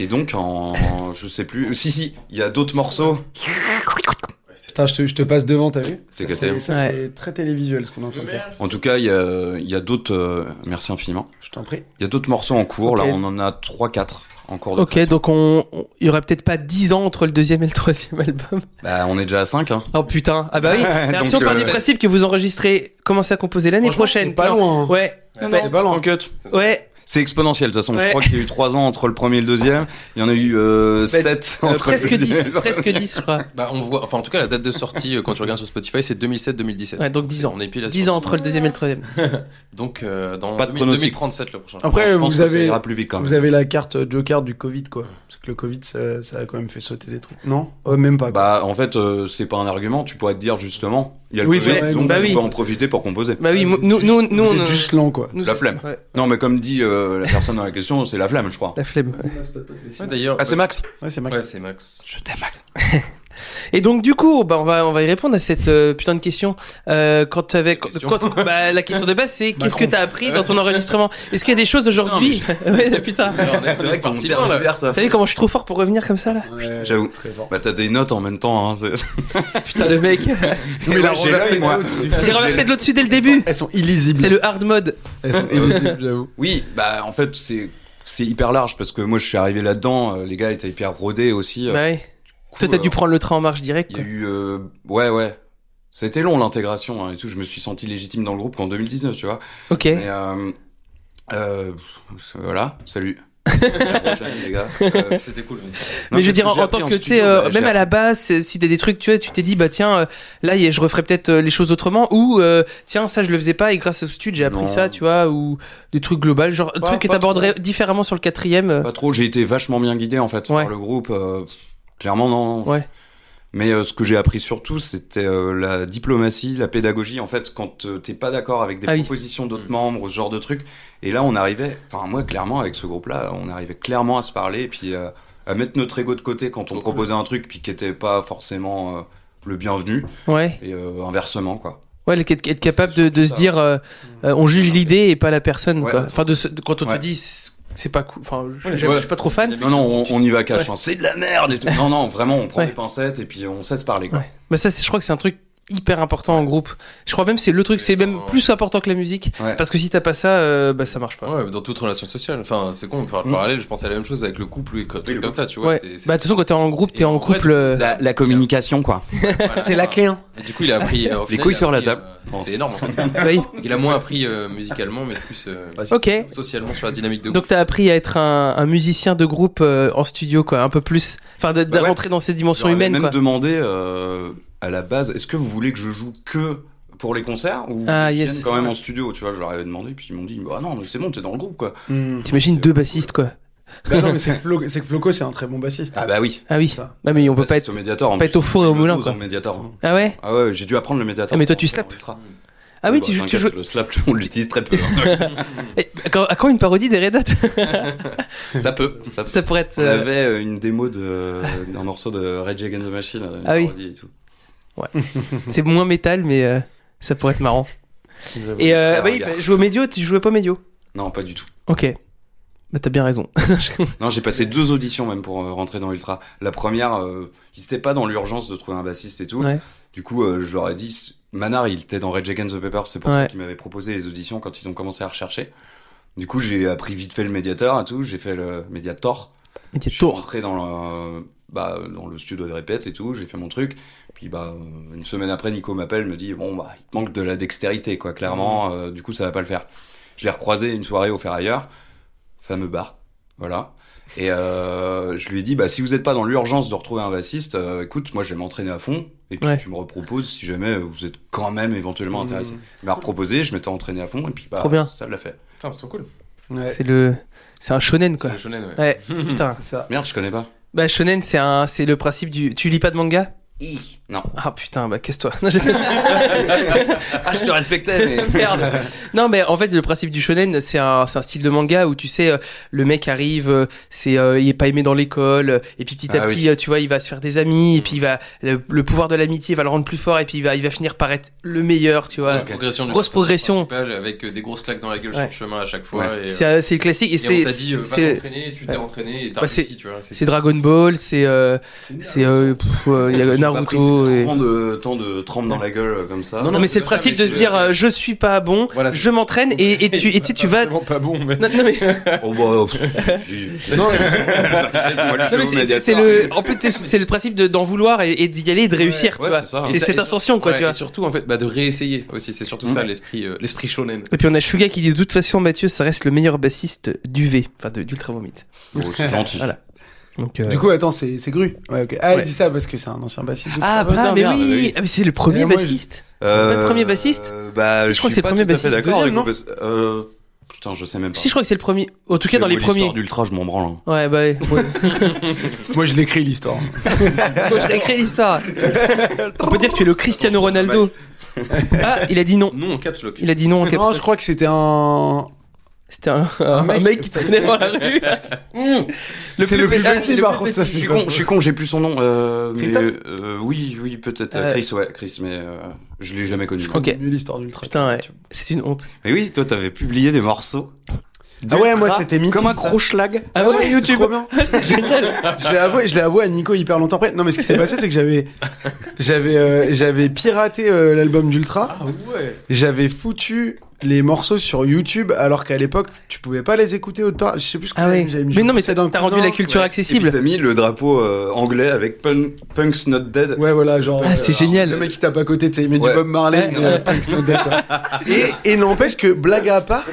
[SPEAKER 3] Et donc, en, je sais plus. Si, si, il y a d'autres morceaux.
[SPEAKER 4] Putain, je te, je te passe devant, t'as vu
[SPEAKER 3] C'est
[SPEAKER 4] Ça,
[SPEAKER 3] gâté.
[SPEAKER 4] ça,
[SPEAKER 1] Ouais.
[SPEAKER 4] c'est très télévisuel ce qu'on est en train de faire.
[SPEAKER 3] En tout cas, il y a, il y a d'autres. euh, merci infiniment.
[SPEAKER 4] Je t'en prie.
[SPEAKER 3] Il y a d'autres morceaux en cours.
[SPEAKER 1] Ok.
[SPEAKER 3] Là, on en a 3-4 en cours de
[SPEAKER 1] Ok,
[SPEAKER 3] création.
[SPEAKER 1] donc on, on- il y aurait peut-être pas 10 ans entre le deuxième et le troisième album.
[SPEAKER 3] Bah, on est déjà à 5. Hein.
[SPEAKER 1] Oh putain, ah bah oui. Alors, si on
[SPEAKER 3] Donc,
[SPEAKER 1] part
[SPEAKER 3] euh,
[SPEAKER 1] du principe que vous enregistrez, commencez à composer l'année
[SPEAKER 4] Franchement,
[SPEAKER 1] prochaine.
[SPEAKER 4] C'est pas
[SPEAKER 1] Non.
[SPEAKER 4] loin. hein.
[SPEAKER 1] Ouais, Bah,
[SPEAKER 4] C'est pas loin.
[SPEAKER 3] T'inquiète.
[SPEAKER 1] ouais.
[SPEAKER 3] C'est exponentiel de toute façon.
[SPEAKER 1] Ouais.
[SPEAKER 3] Je crois qu'il y a eu 3 ans entre le premier et le deuxième. Il y en a eu 7
[SPEAKER 1] euh,
[SPEAKER 3] entre
[SPEAKER 1] presque
[SPEAKER 3] le
[SPEAKER 1] 10,
[SPEAKER 3] deuxième.
[SPEAKER 1] presque 10, je crois.
[SPEAKER 2] Bah, on voit, enfin, en tout cas, la date de sortie, euh, quand tu regardes sur Spotify, c'est 2007-2017.
[SPEAKER 1] Ouais, donc 10 ans.
[SPEAKER 2] On est pile à
[SPEAKER 1] 10 ans entre le deuxième et le troisième.
[SPEAKER 2] Donc, euh, dans
[SPEAKER 3] Pas de
[SPEAKER 2] 2000-
[SPEAKER 3] pronostic.
[SPEAKER 2] 2037, le prochain.
[SPEAKER 4] Après,
[SPEAKER 3] Je pense
[SPEAKER 4] vous
[SPEAKER 3] que hein. ça
[SPEAKER 4] avez-
[SPEAKER 3] ira plus vite quand même.
[SPEAKER 4] Vous avez la carte Joker du Covid,
[SPEAKER 5] Covid, quoi.
[SPEAKER 4] parce que le Covid, ça, ça a quand même fait sauter des trucs. Non Oh, Même pas. quoi.
[SPEAKER 3] Bah, en fait, euh, c'est pas un argument. Tu pourrais te dire justement, il y a le
[SPEAKER 4] Oui,
[SPEAKER 3] projet,
[SPEAKER 4] c'est vrai,
[SPEAKER 3] donc
[SPEAKER 1] bah
[SPEAKER 3] on
[SPEAKER 1] oui.
[SPEAKER 3] va en profiter pour composer.
[SPEAKER 1] Bah oui,
[SPEAKER 4] Ah, Vous
[SPEAKER 1] nous,
[SPEAKER 4] êtes
[SPEAKER 1] nous,
[SPEAKER 4] juste-
[SPEAKER 1] nous, nous,
[SPEAKER 4] vous
[SPEAKER 1] on-
[SPEAKER 4] êtes juste lent, quoi.
[SPEAKER 1] nous-
[SPEAKER 3] La flemme.
[SPEAKER 1] ouais,
[SPEAKER 3] Non, mais comme dit euh, la personne dans la question, c'est la flamme, je crois.
[SPEAKER 1] la flemme. ouais.
[SPEAKER 2] Ouais, d'ailleurs.
[SPEAKER 3] Ah, c'est Max
[SPEAKER 4] Ouais, c'est
[SPEAKER 2] ouais,
[SPEAKER 4] Max.
[SPEAKER 2] ouais, c'est Max.
[SPEAKER 1] Je t'aime, Max. Et donc du coup, bah, on va on va y répondre à cette euh, putain de question. Euh, quand tu avais quand,
[SPEAKER 2] Question.
[SPEAKER 1] quand- bah, la question de base, c'est qu'est-ce que t'as appris dans ton enregistrement Est-ce qu'il y a des choses aujourd'hui Ouais, putain.
[SPEAKER 2] Alors, on est
[SPEAKER 3] C'est vrai qu'on
[SPEAKER 2] parti loin, là.
[SPEAKER 3] tergiverse, ça.
[SPEAKER 1] Vous savez comment je suis trop fort pour revenir comme ça là
[SPEAKER 4] Ouais,
[SPEAKER 3] J'avoue.
[SPEAKER 4] Très fort.
[SPEAKER 3] Bah, t'as des notes en même temps. Hein, c'est-
[SPEAKER 1] Putain le mec. J'ai
[SPEAKER 3] Ouais,
[SPEAKER 4] la
[SPEAKER 3] j'ai
[SPEAKER 4] renversée,
[SPEAKER 3] l'œil, moi.
[SPEAKER 4] là, au-dessus.
[SPEAKER 1] renversé de l'au-dessus dès le début.
[SPEAKER 4] Elles sont illisibles.
[SPEAKER 1] C'est le hard mode.
[SPEAKER 4] Elles sont illisibles, j'avoue.
[SPEAKER 3] Oui, bah, en fait, c'est. C'est hyper large parce que moi je suis arrivé là-dedans, euh, les gars étaient hyper rodés aussi.
[SPEAKER 1] Bah
[SPEAKER 3] euh,
[SPEAKER 1] ouais.
[SPEAKER 3] du
[SPEAKER 1] Toi
[SPEAKER 3] coup,
[SPEAKER 1] t'as
[SPEAKER 3] euh,
[SPEAKER 1] dû prendre le train en marche direct.
[SPEAKER 3] Il y
[SPEAKER 1] Quoi.
[SPEAKER 3] a eu. euh, ouais, ouais. C'était long l'intégration hein, et tout. Je me suis senti légitime dans le groupe qu'en 2019, tu vois.
[SPEAKER 1] Ok.
[SPEAKER 3] Mais, euh, euh, voilà, salut. À la prochaine, les gars. Euh, non,
[SPEAKER 2] C'était cool.
[SPEAKER 1] mais je veux
[SPEAKER 3] qu'est-ce
[SPEAKER 1] dire en,
[SPEAKER 3] j'ai
[SPEAKER 1] en
[SPEAKER 3] appris
[SPEAKER 1] tant que tu sais,
[SPEAKER 3] studio
[SPEAKER 1] euh,
[SPEAKER 3] Bah, j'ai
[SPEAKER 1] même à la base, euh, si t'as des trucs, tu vois, tu t'es dit bah tiens, euh, là y est, je referais peut-être euh, les choses autrement ou euh, tiens ça je le faisais pas et grâce au stud j'ai appris
[SPEAKER 3] Non.
[SPEAKER 1] ça, tu vois, ou des trucs globaux, genre des
[SPEAKER 3] Pas-
[SPEAKER 1] trucs que
[SPEAKER 3] pas
[SPEAKER 1] t'aborderais différemment sur le quatrième. euh.
[SPEAKER 3] Pas trop, j'ai été vachement bien guidé en fait
[SPEAKER 1] Ouais.
[SPEAKER 3] par le groupe. euh, clairement, non.
[SPEAKER 1] Ouais.
[SPEAKER 3] Mais euh, ce que j'ai appris surtout, c'était euh, la diplomatie, la pédagogie. En fait, quand euh, t'es pas d'accord avec des
[SPEAKER 1] Ah oui.
[SPEAKER 3] propositions d'autres
[SPEAKER 2] Mm.
[SPEAKER 3] membres, ce genre de truc. Et là, on arrivait, enfin, moi, clairement, avec ce groupe-là, on arrivait clairement à se parler et puis euh, à mettre notre ego de côté quand on
[SPEAKER 2] Trop
[SPEAKER 3] proposait un truc puis qui était pas forcément euh, le bienvenu
[SPEAKER 1] Ouais.
[SPEAKER 3] et euh, inversement, quoi.
[SPEAKER 1] Ouais, le- être, être capable
[SPEAKER 3] C'est
[SPEAKER 1] de, de se
[SPEAKER 3] ça. Mm.
[SPEAKER 1] dire euh, euh, on juge l'idée et pas la personne.
[SPEAKER 3] Ouais.
[SPEAKER 1] Quoi. Enfin de, se- de- quand on te
[SPEAKER 3] Ouais.
[SPEAKER 1] dit c'est c'est pas cool, enfin je,
[SPEAKER 3] Ouais,
[SPEAKER 1] je-
[SPEAKER 3] ouais.
[SPEAKER 1] je suis pas trop fan.
[SPEAKER 3] Non, non, on, on y va cash.
[SPEAKER 1] Ouais.
[SPEAKER 3] hein. C'est de la merde et tout. Non, non, vraiment, on prend
[SPEAKER 1] Ouais.
[SPEAKER 3] des pincettes et puis on sait se parler, quoi.
[SPEAKER 1] Ouais. Bah ça, c'est- je crois que c'est un truc hyper important en groupe. Je crois même que c'est le truc, c'est même plus important que la musique.
[SPEAKER 3] Ouais.
[SPEAKER 1] Parce que si t'as pas ça, euh, bah ça marche pas.
[SPEAKER 2] Ouais, mais dans toute relation sociale. Enfin, c'est con, on peut faire le
[SPEAKER 3] Mm.
[SPEAKER 2] parallèle. Je pensais à la même chose avec le couple et que- trucs
[SPEAKER 3] le
[SPEAKER 2] comme ça, tu vois.
[SPEAKER 1] Ouais.
[SPEAKER 2] c'est- c'est-
[SPEAKER 1] Bah de toute façon, quand t'es en groupe,
[SPEAKER 2] Et
[SPEAKER 1] t'es en
[SPEAKER 2] en fait,
[SPEAKER 1] couple. euh,
[SPEAKER 3] La, la communication, quoi.
[SPEAKER 2] voilà.
[SPEAKER 4] hein.
[SPEAKER 2] Et Du coup, il a appris. euh, au
[SPEAKER 3] Les
[SPEAKER 2] final,
[SPEAKER 3] couilles
[SPEAKER 2] il a
[SPEAKER 3] sur la
[SPEAKER 2] appris,
[SPEAKER 3] table.
[SPEAKER 2] euh, c'est énorme, en fait.
[SPEAKER 1] Bah oui.
[SPEAKER 2] Il a moins appris euh, musicalement, mais plus euh,
[SPEAKER 1] Ok.
[SPEAKER 2] socialement sur la dynamique de groupe.
[SPEAKER 1] Donc t'as appris à être un, un musicien de groupe euh, en studio, quoi, un peu plus. Enfin, de, de
[SPEAKER 3] Bah ouais.
[SPEAKER 1] rentrer dans cette dimension
[SPEAKER 3] J'aurais
[SPEAKER 1] humaine,
[SPEAKER 3] même
[SPEAKER 1] quoi.
[SPEAKER 3] demandé euh, à la base, est-ce que vous voulez que je joue que pour les concerts ou
[SPEAKER 1] Ah,
[SPEAKER 3] qu'ils
[SPEAKER 1] yes.
[SPEAKER 3] viennent quand même en studio, tu vois, je leur avais demandé puis ils m'ont dit "Bah non, mais c'est bon, t'es dans le groupe quoi."
[SPEAKER 1] T'imagines deux bassistes, quoi.
[SPEAKER 4] Hmm. Bah non, mais c'est que Flo- c'est que Floco, c'est un très bon bassiste. hein,
[SPEAKER 3] Ah bah oui.
[SPEAKER 1] Ah oui.
[SPEAKER 4] Ça.
[SPEAKER 1] Ah mais on peut pas
[SPEAKER 3] Bassiste
[SPEAKER 1] être.
[SPEAKER 3] au Mediator, en
[SPEAKER 1] pas
[SPEAKER 3] plus,
[SPEAKER 1] être au four et au
[SPEAKER 3] je le
[SPEAKER 1] moulin,
[SPEAKER 3] dose
[SPEAKER 1] quoi.
[SPEAKER 3] au Mediator.
[SPEAKER 1] Ah ouais.
[SPEAKER 3] Ah ouais, j'ai dû apprendre le Mediator.
[SPEAKER 1] Ah, mais toi, tu
[SPEAKER 3] En
[SPEAKER 1] slaps.
[SPEAKER 3] ultra.
[SPEAKER 1] Ah oui,
[SPEAKER 3] Bah,
[SPEAKER 1] tu, tu
[SPEAKER 3] t'inquiète,
[SPEAKER 1] joues.
[SPEAKER 3] le slap, on l'utilise très peu. hein.
[SPEAKER 1] Eh, À quand, à quand une parodie des Red Hot
[SPEAKER 3] ça peut, ça peut.
[SPEAKER 1] Ça pourrait être.
[SPEAKER 3] On
[SPEAKER 1] euh,
[SPEAKER 3] avait euh, une démo de- d'un morceau de Rage Against the Machine, euh, une
[SPEAKER 1] Ah oui.
[SPEAKER 3] parodie et tout.
[SPEAKER 1] C'est moins métal, mais euh, ça pourrait être marrant. Et euh,
[SPEAKER 3] Faire
[SPEAKER 1] bah
[SPEAKER 3] un
[SPEAKER 1] oui,
[SPEAKER 3] gars.
[SPEAKER 1] bah, jouer au médio, tu jouais pas au médio.
[SPEAKER 3] Non, pas du tout.
[SPEAKER 1] Ok. Bah t'as bien raison.
[SPEAKER 3] Non, j'ai passé deux auditions même pour euh, rentrer dans Ultra. La première, euh, ils étaient pas dans l'urgence de trouver un bassiste et tout.
[SPEAKER 1] Ouais.
[SPEAKER 3] Du coup, euh, je leur ai dit, Manar, il était dans Rage Against the Paper, c'est pour
[SPEAKER 1] Ouais.
[SPEAKER 3] ça qu'ils m'avaient proposé les auditions quand ils ont commencé à rechercher. Du coup, j'ai appris vite fait le médiateur et tout, j'ai fait le médiator.
[SPEAKER 1] Mais t'es
[SPEAKER 3] Je suis
[SPEAKER 1] tour.
[SPEAKER 3] rentré dans le, bah, dans le studio de répète et tout, j'ai fait mon truc. Puis bah, euh, une semaine après, Nico m'appelle, me dit, bon, bah, il te manque de la dextérité, quoi,
[SPEAKER 1] Mmh.
[SPEAKER 3] clairement, euh, du coup, ça va pas le faire. Je l'ai recroisé une soirée au Ferrailleur, fameux bar, voilà. Et euh, je lui ai dit, bah, si vous n'êtes pas dans l'urgence de retrouver un bassiste, euh, écoute, moi je vais m'entraîner à fond, et puis
[SPEAKER 1] Ouais. Mmh.
[SPEAKER 3] tu me reproposes si jamais vous êtes quand même éventuellement intéressé. Il m'a reproposé, je m'étais entraîné à fond, et puis bah,
[SPEAKER 1] Trop bien.
[SPEAKER 3] ça l'a fait.
[SPEAKER 2] Putain, c'est trop cool.
[SPEAKER 4] Ouais.
[SPEAKER 1] C'est le, c'est un shonen
[SPEAKER 2] C'est
[SPEAKER 1] quoi.
[SPEAKER 2] le shonen, ouais.
[SPEAKER 1] Ouais. Putain.
[SPEAKER 4] C'est ça.
[SPEAKER 3] Merde, je connais pas.
[SPEAKER 1] Bah shonen, c'est un, c'est le principe du. Tu lis pas de manga
[SPEAKER 3] Hi. Non.
[SPEAKER 1] Ah putain, bah casse-toi. Non, j'ai-
[SPEAKER 3] Ah, je te respectais, mais.
[SPEAKER 1] Merde. Non, mais en fait, le principe du shonen, c'est un, c'est un style de manga où tu sais, euh, le mec arrive, euh, c'est, euh, il est pas aimé dans l'école, euh, et puis petit à
[SPEAKER 3] Ah oui.
[SPEAKER 1] petit, euh, tu vois, il va se faire des amis, et puis il va, le, le pouvoir de l'amitié va le rendre plus fort, et puis il va, il va finir par être le meilleur, tu vois.
[SPEAKER 2] Grosse progression. du
[SPEAKER 1] Grosse
[SPEAKER 2] personnage
[SPEAKER 1] progression.
[SPEAKER 2] principal Avec euh, des grosses claques dans la gueule
[SPEAKER 1] Ouais.
[SPEAKER 2] sur le chemin à chaque fois. Et, euh,
[SPEAKER 1] C'est, euh, c'est le classique, et,
[SPEAKER 2] et on
[SPEAKER 1] c'est,
[SPEAKER 2] t'a dit, euh, va
[SPEAKER 1] c'est-
[SPEAKER 2] t'entraîner, tu t'es entraîné et t'as
[SPEAKER 1] Bah, c'est-
[SPEAKER 2] réussi, tu vois.
[SPEAKER 1] c'est Dragon Ball, c'est, euh, c'est, euh, pff, euh, il y a Naruto, et...
[SPEAKER 3] Tant de, tant de trempe dans la gueule euh, comme ça.
[SPEAKER 2] Non,
[SPEAKER 1] Non, mais c'est le
[SPEAKER 2] pas ça,
[SPEAKER 1] principe
[SPEAKER 2] mais
[SPEAKER 1] de se
[SPEAKER 2] c'est-
[SPEAKER 1] dire, euh, je suis pas bon,
[SPEAKER 2] Voilà, c'est-
[SPEAKER 1] je m'entraîne, et, et tu, et tu, sais, tu vas,
[SPEAKER 2] vraiment pas bon, mais.
[SPEAKER 1] non, non, mais,
[SPEAKER 3] Oh, bah, euh, pff, si, si.
[SPEAKER 5] Non,
[SPEAKER 3] Moi, le
[SPEAKER 1] Non, mais
[SPEAKER 3] fléau
[SPEAKER 1] c'est- c'est c'est
[SPEAKER 3] médiateur.
[SPEAKER 1] le en plus c'est- c'est le principe de- d'en vouloir et, et d'y aller et de réussir tu
[SPEAKER 3] ouais,
[SPEAKER 1] vois
[SPEAKER 3] c'est ça.
[SPEAKER 1] c'est cette ascension quoi
[SPEAKER 2] Ouais,
[SPEAKER 1] tu vois
[SPEAKER 2] Et surtout, en fait, bah, de réessayer aussi. C'est surtout
[SPEAKER 3] Mm.
[SPEAKER 2] ça, l'esprit euh, l'esprit shonen.
[SPEAKER 1] et puis on a Shuga qui dit de toute façon Mathieu ça reste le meilleur bassiste du V enfin de- d'Ultra Vomit
[SPEAKER 3] Oh, c'est gentil.
[SPEAKER 1] Voilà. donc euh,
[SPEAKER 4] Du coup, attends, c'est c'est Gru. Ouais, ok. Ah,
[SPEAKER 1] Ouais.
[SPEAKER 4] il dit ça parce que c'est un ancien bassiste.
[SPEAKER 1] ah putain mais
[SPEAKER 4] merde.
[SPEAKER 1] oui
[SPEAKER 3] oui.
[SPEAKER 1] ah, mais c'est le premier
[SPEAKER 4] Et moi,
[SPEAKER 1] bassiste
[SPEAKER 3] Euh,
[SPEAKER 1] C'est pas le premier bassiste
[SPEAKER 3] bah,
[SPEAKER 1] Je
[SPEAKER 3] je,
[SPEAKER 1] crois que
[SPEAKER 3] suis
[SPEAKER 1] c'est le
[SPEAKER 3] pas
[SPEAKER 1] premier
[SPEAKER 3] tout à fait
[SPEAKER 1] bassiste.
[SPEAKER 3] d'accord avec
[SPEAKER 1] Deuxième,
[SPEAKER 3] vous, parce- euh, Putain, je sais même pas.
[SPEAKER 1] si je crois que c'est le premier en tout cas dans les
[SPEAKER 3] Moi, l'histoire
[SPEAKER 1] premiers
[SPEAKER 3] d'Ultra, je m'en branle. hein.
[SPEAKER 1] ouais bah ouais.
[SPEAKER 4] Moi, je l'écris l'histoire.
[SPEAKER 1] Moi, je t'ai créé l'histoire on peut dire que tu es le Cristiano
[SPEAKER 3] Attention,
[SPEAKER 1] Ronaldo ah il a dit non
[SPEAKER 2] Non, en caps lock.
[SPEAKER 1] il a dit non en caps
[SPEAKER 4] Non,
[SPEAKER 1] lock.
[SPEAKER 4] je crois que c'était un.
[SPEAKER 1] c'était un, un mec,
[SPEAKER 4] mec-
[SPEAKER 1] qui traînait dans la rue Mmh.
[SPEAKER 4] C'est le plus
[SPEAKER 1] pétard,
[SPEAKER 4] petit,
[SPEAKER 1] le
[SPEAKER 4] par
[SPEAKER 1] plus
[SPEAKER 4] contre, ça,
[SPEAKER 1] petit.
[SPEAKER 3] Je suis con, je suis con, j'ai plus son nom. Euh, mais,
[SPEAKER 4] Christophe
[SPEAKER 3] euh, oui, oui, peut-être. euh,
[SPEAKER 1] Euh,
[SPEAKER 3] Chris, ouais, Chris, mais euh, je l'ai jamais connu.
[SPEAKER 1] crois Ok.
[SPEAKER 4] Mieux l'histoire d'Ultra.
[SPEAKER 1] putain ouais c'est une honte
[SPEAKER 3] Mais oui, toi, t'avais publié des morceaux.
[SPEAKER 4] Ah ouais,
[SPEAKER 3] d'Ultra
[SPEAKER 4] moi, c'était mythique.
[SPEAKER 3] Comme un
[SPEAKER 4] ça.
[SPEAKER 3] gros schlag.
[SPEAKER 1] Ah ouais, YouTube.
[SPEAKER 4] trop bien.
[SPEAKER 1] c'est génial
[SPEAKER 4] Je l'ai avoué, je l'ai avoué à Nico hyper longtemps après. Non, mais ce qui s'est passé, c'est que j'avais, j'avais, euh, j'avais piraté euh, l'album d'Ultra.
[SPEAKER 2] Ah
[SPEAKER 4] J'avais foutu les morceaux sur YouTube, alors qu'à l'époque, tu pouvais pas les écouter autre part. Je sais plus ce que
[SPEAKER 1] Ah
[SPEAKER 4] j'avais
[SPEAKER 1] ouais.
[SPEAKER 4] mis, j'avais
[SPEAKER 1] Mais
[SPEAKER 4] mis genre
[SPEAKER 1] non, mais
[SPEAKER 4] Poussin
[SPEAKER 1] t'as
[SPEAKER 4] d'un
[SPEAKER 1] t'as rendu
[SPEAKER 4] cousin.
[SPEAKER 1] la culture
[SPEAKER 3] Et puis
[SPEAKER 1] accessible.
[SPEAKER 3] t'as mis le drapeau euh, anglais avec Pun- Punk's Not Dead.
[SPEAKER 4] Ouais, voilà, genre.
[SPEAKER 1] Ah, c'est
[SPEAKER 4] euh,
[SPEAKER 1] génial.
[SPEAKER 4] Le mec qui tape à côté, tu sais, il met
[SPEAKER 3] Ouais.
[SPEAKER 4] du Bob Marley.
[SPEAKER 1] Ouais,
[SPEAKER 4] euh,
[SPEAKER 1] ouais.
[SPEAKER 4] Prince Not Dead, quoi. Et, et n'empêche que, blague à part,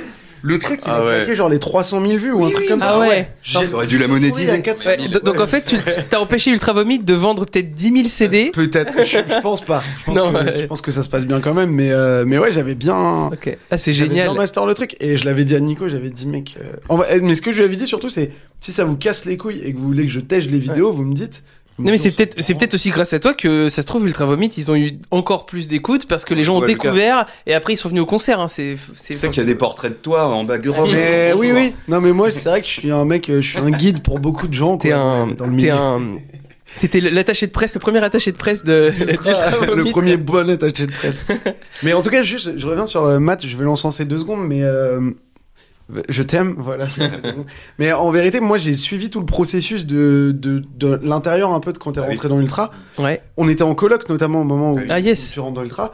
[SPEAKER 4] le truc, il
[SPEAKER 2] Ah
[SPEAKER 4] a
[SPEAKER 2] ouais.
[SPEAKER 4] claqué genre les 300 000 vues ou un truc comme ça.
[SPEAKER 1] Ah ouais.
[SPEAKER 4] J'ai-
[SPEAKER 3] J'aurais dû la
[SPEAKER 4] Oui, il y a
[SPEAKER 3] monétiser.
[SPEAKER 4] 400
[SPEAKER 1] Ouais,
[SPEAKER 4] 000.
[SPEAKER 1] do- Donc en fait, tu tu- t'as empêché Ultra Vomit de vendre peut-être 10 000 CD.
[SPEAKER 4] Peut-être, je, je pense pas. Je pense,
[SPEAKER 1] Non,
[SPEAKER 4] que,
[SPEAKER 1] ouais.
[SPEAKER 4] je pense que ça se passe bien quand même, mais, euh, mais ouais, j'avais bien.
[SPEAKER 1] Ok. Ah, c'est
[SPEAKER 4] j'avais bien
[SPEAKER 1] génial.
[SPEAKER 4] master le truc. Et je l'avais dit à Nico, j'avais dit, mec. euh, en vrai, mais ce que je lui avais dit surtout, c'est si ça vous casse les couilles et que vous voulez que je tège les vidéos, vous me dites.
[SPEAKER 1] Non mais c'est peut-être c'est peut-être aussi grâce à toi que ça se trouve Ultra Vomit ils ont eu encore plus d'écoute parce que les gens ont
[SPEAKER 3] Ouais, Lucas.
[SPEAKER 1] découvert et après ils sont venus au concert hein, c'est c'est
[SPEAKER 3] Tu sais qu'il y a des portraits de toi en background.
[SPEAKER 4] Mais Ah oui,
[SPEAKER 3] Bonjour.
[SPEAKER 4] oui. Non, mais moi, c'est vrai que je suis un mec, euh, je suis un guide pour beaucoup de gens.
[SPEAKER 1] t'es
[SPEAKER 4] Quoi,
[SPEAKER 1] un
[SPEAKER 4] dans le
[SPEAKER 1] t'es
[SPEAKER 4] milieu.
[SPEAKER 1] un t'étais l'attaché de presse le premier attaché de presse de d'Ultra
[SPEAKER 4] le
[SPEAKER 1] Vomit.
[SPEAKER 4] premier bon attaché de presse. mais en tout cas, juste, je reviens sur euh, Matt, je vais l'encenser deux secondes, mais euh, je t'aime, voilà. mais en vérité, moi, j'ai suivi tout le processus de, de, de l'intérieur un peu de quand t'es
[SPEAKER 3] Ah oui.
[SPEAKER 4] rentré dans l'Ultra.
[SPEAKER 1] Ouais.
[SPEAKER 4] On était en colloque, notamment au moment où
[SPEAKER 1] Ah yes.
[SPEAKER 4] tu rentres dans l'Ultra.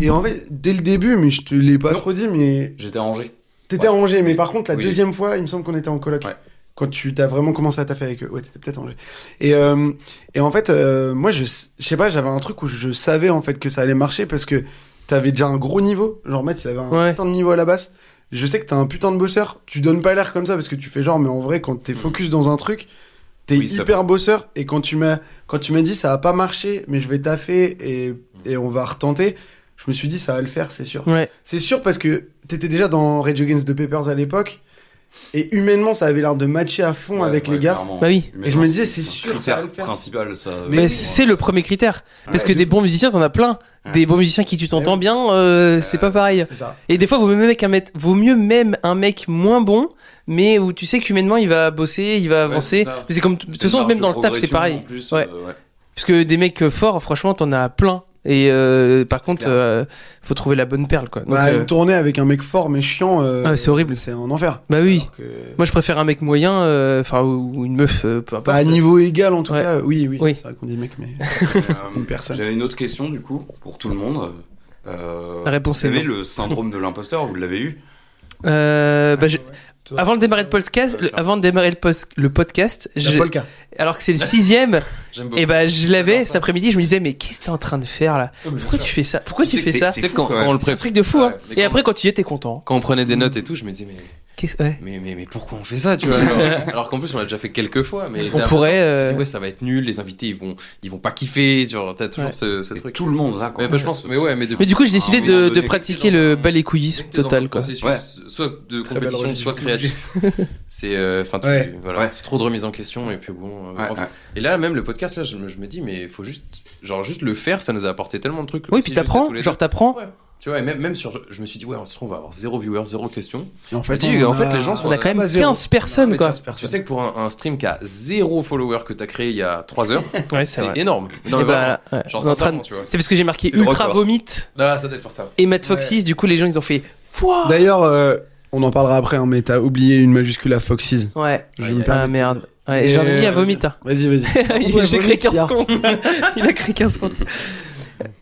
[SPEAKER 4] Et en fait, dès le début, mais je te l'ai pas
[SPEAKER 3] Non.
[SPEAKER 4] trop dit, mais
[SPEAKER 3] J'étais rangé.
[SPEAKER 4] t'étais à Angers. Mais par contre, la
[SPEAKER 3] Oui.
[SPEAKER 4] deuxième fois, il me semble qu'on était en colloque.
[SPEAKER 3] Ouais.
[SPEAKER 4] Quand tu t'as vraiment commencé à taffer avec eux. Ouais, t'étais peut-être à Angers. Et, euh, et en fait, euh, moi, je, s- je sais pas, j'avais un truc où je savais en fait que ça allait marcher parce que t'avais déjà un gros niveau. Genre, Matt, il avait un
[SPEAKER 1] Ouais.
[SPEAKER 4] putain de niveau à la basse. Je sais que t'es un putain de bosseur. Tu donnes pas l'air comme ça parce que tu fais genre, mais en vrai, quand t'es focus dans un truc, t'es
[SPEAKER 3] Oui, ça
[SPEAKER 4] hyper bosseur. Et quand tu m'as quand tu m'as dit ça a pas marché, mais je vais taffer et, et on va retenter, je me suis dit ça va le faire, c'est sûr.
[SPEAKER 1] Ouais.
[SPEAKER 4] C'est sûr parce que t'étais déjà dans Rage Against the Papers à l'époque et humainement ça avait l'air de matcher à fond avec les gars.
[SPEAKER 1] Bah oui.
[SPEAKER 4] Et je me disais, c'est sûr, ça va
[SPEAKER 3] Critère
[SPEAKER 4] le faire.
[SPEAKER 3] principal, ça.
[SPEAKER 4] Mais
[SPEAKER 1] Mais
[SPEAKER 4] oui.
[SPEAKER 1] c'est le premier critère parce que
[SPEAKER 4] Ouais,
[SPEAKER 1] des
[SPEAKER 4] de Eh
[SPEAKER 1] bons musiciens t'en as plein des bons musiciens qui tu t'entends bien euh, c'est pas pareil.
[SPEAKER 4] C'est ça.
[SPEAKER 1] Et des fois, vaut mieux, mec un mec- vaut mieux même un mec moins bon, mais où tu sais qu'humainement, il va bosser, il va avancer.
[SPEAKER 3] c'est ça.
[SPEAKER 1] Mais c'est comme, de toute façon, même dans le taf, c'est
[SPEAKER 4] hein.
[SPEAKER 1] pareil. Ouais. Parce que des mecs euh, forts, franchement, t'en as plein. Et euh, par contre,
[SPEAKER 3] clair.
[SPEAKER 1] euh, faut trouver la bonne perle, quoi. Donc,
[SPEAKER 4] Bah,
[SPEAKER 1] euh,
[SPEAKER 4] Une tournée avec un mec fort mais chiant. euh,
[SPEAKER 1] Ah, c'est horrible.
[SPEAKER 4] C'est un enfer.
[SPEAKER 1] bah oui.
[SPEAKER 4] Alors que-
[SPEAKER 1] Moi, je préfère un mec moyen, euh, enfin, ou, ou une meuf, euh, peu
[SPEAKER 4] Bah,
[SPEAKER 1] importe.
[SPEAKER 4] à niveau égal en tout
[SPEAKER 1] Ouais.
[SPEAKER 4] cas, euh, oui, oui.
[SPEAKER 1] Oui.
[SPEAKER 4] C'est vrai qu'on dit mec, mais. Une personne.
[SPEAKER 3] Euh, J'avais une autre question, du coup, pour tout le monde. Euh,
[SPEAKER 1] La réponse
[SPEAKER 3] vous
[SPEAKER 1] est
[SPEAKER 3] savez,
[SPEAKER 1] non.
[SPEAKER 3] le syndrome de l'imposteur, vous l'avez eu
[SPEAKER 1] Euh, bah, je-
[SPEAKER 4] Ah, Toi,
[SPEAKER 1] Avant de démarrer le podcast, le- avant de démarrer le, post- le podcast,
[SPEAKER 4] C'est
[SPEAKER 1] je-
[SPEAKER 4] pas le cas.
[SPEAKER 1] alors que c'est le sixième,
[SPEAKER 2] J'aime beaucoup.
[SPEAKER 1] et bah je
[SPEAKER 2] J'adore
[SPEAKER 1] l'avais
[SPEAKER 2] ça.
[SPEAKER 1] cet après-midi. Je me disais, mais qu'est-ce que t'es en train de faire là Pourquoi tu fais ça Pourquoi
[SPEAKER 3] Tu
[SPEAKER 1] tu
[SPEAKER 3] sais
[SPEAKER 1] fais
[SPEAKER 3] que
[SPEAKER 1] bah, ça
[SPEAKER 3] c'est
[SPEAKER 2] Tu sais,
[SPEAKER 3] fou,
[SPEAKER 2] quand,
[SPEAKER 3] quand même.
[SPEAKER 2] quand on le
[SPEAKER 1] C'est un
[SPEAKER 2] prépare-
[SPEAKER 1] truc de fou, hein.
[SPEAKER 2] Ouais, mais
[SPEAKER 1] Et
[SPEAKER 2] quand-
[SPEAKER 1] après, quand tu y es, t'es content.
[SPEAKER 2] Quand on prenait des notes et tout, je me disais, mais,
[SPEAKER 1] Qu'est-ce- ouais.
[SPEAKER 2] mais, mais, mais pourquoi on fait ça, tu vois genre Alors qu'en plus, on l'a déjà fait quelques fois, mais
[SPEAKER 1] On
[SPEAKER 2] t'as
[SPEAKER 1] pourrait.
[SPEAKER 2] l'impression que tu
[SPEAKER 1] euh,
[SPEAKER 2] dis, ouais, ça va être nul, les invités, ils vont, ils vont pas kiffer, genre, t'as toujours
[SPEAKER 1] Ouais.
[SPEAKER 2] ce, ce
[SPEAKER 3] Et
[SPEAKER 2] truc.
[SPEAKER 3] Tout le monde, là. quoi.
[SPEAKER 2] Mais bah, je pense, mais ouais, mais
[SPEAKER 1] Mais
[SPEAKER 2] depuis.
[SPEAKER 1] du coup, j'ai décidé
[SPEAKER 3] Ah, oui, à un
[SPEAKER 1] de,
[SPEAKER 3] moment
[SPEAKER 1] de
[SPEAKER 3] donné,
[SPEAKER 1] pratiquer
[SPEAKER 2] t'es dans
[SPEAKER 1] le
[SPEAKER 2] un-
[SPEAKER 1] balécouillisme
[SPEAKER 2] Dès que t'es dans
[SPEAKER 1] total,
[SPEAKER 2] un
[SPEAKER 1] quoi.
[SPEAKER 2] processus,
[SPEAKER 3] Ouais.
[SPEAKER 2] Soit de
[SPEAKER 4] belle
[SPEAKER 2] compétition,
[SPEAKER 4] origine.
[SPEAKER 2] soit créatif. c'est, euh, enfin, tu-
[SPEAKER 4] Ouais.
[SPEAKER 2] voilà,
[SPEAKER 3] Ouais.
[SPEAKER 2] c'est trop de remise en question, et puis bon. euh,
[SPEAKER 3] Ouais,
[SPEAKER 2] bref.
[SPEAKER 3] ouais.
[SPEAKER 2] Et là, même le podcast, là, je me, je me dis, mais il faut juste, genre, juste le faire, ça nous a apporté tellement de trucs.
[SPEAKER 1] Oui,
[SPEAKER 2] aussi,
[SPEAKER 1] puis
[SPEAKER 2] juste à
[SPEAKER 1] t'apprends,
[SPEAKER 2] tous les
[SPEAKER 1] genre
[SPEAKER 2] deux.
[SPEAKER 1] t'apprends.
[SPEAKER 2] Ouais. Tu vois, et même, même sur. Je me suis dit, ouais, on se trouve, on va avoir zéro viewer, zéro question.
[SPEAKER 4] Et en fait,
[SPEAKER 2] Je me dis,
[SPEAKER 4] on
[SPEAKER 2] en
[SPEAKER 4] a-
[SPEAKER 2] fait, les gens sont
[SPEAKER 1] On a quand même
[SPEAKER 4] Pas zéro.
[SPEAKER 1] 15 personnes, quoi.
[SPEAKER 2] Tu sais que pour un, un stream qui a zéro follower que t'as créé il y a 3 heures,
[SPEAKER 1] Ouais,
[SPEAKER 2] c'est
[SPEAKER 1] c'est vrai.
[SPEAKER 2] énorme. Non,
[SPEAKER 1] Eh
[SPEAKER 2] mais
[SPEAKER 1] ben,
[SPEAKER 2] voilà.
[SPEAKER 1] ouais,
[SPEAKER 2] Genre,
[SPEAKER 1] on est en train
[SPEAKER 2] sincèrement,
[SPEAKER 1] de-
[SPEAKER 2] tu vois.
[SPEAKER 1] C'est parce que j'ai marqué
[SPEAKER 3] C'est le
[SPEAKER 1] Ultra
[SPEAKER 3] record.
[SPEAKER 1] Vomite
[SPEAKER 2] Ah, ça doit être pour ça.
[SPEAKER 1] et Matt Foxys, du coup les gens ils ont fait Fouah
[SPEAKER 4] D'ailleurs, euh, on en parlera après, hein, mais t'as oublié une majuscule à Foxys.
[SPEAKER 1] Ouais.
[SPEAKER 4] Je me permets
[SPEAKER 1] Ah
[SPEAKER 4] de te
[SPEAKER 1] merde.
[SPEAKER 4] dire.
[SPEAKER 1] Ouais,
[SPEAKER 4] Et
[SPEAKER 1] J'en ai mis à
[SPEAKER 4] euh,
[SPEAKER 1] Vomite. hein.
[SPEAKER 4] Vas-y, vas-y.
[SPEAKER 1] Il- J'ai créé
[SPEAKER 4] Vomit,
[SPEAKER 1] 15
[SPEAKER 4] hier.
[SPEAKER 1] comptes. Il a créé 15 comptes.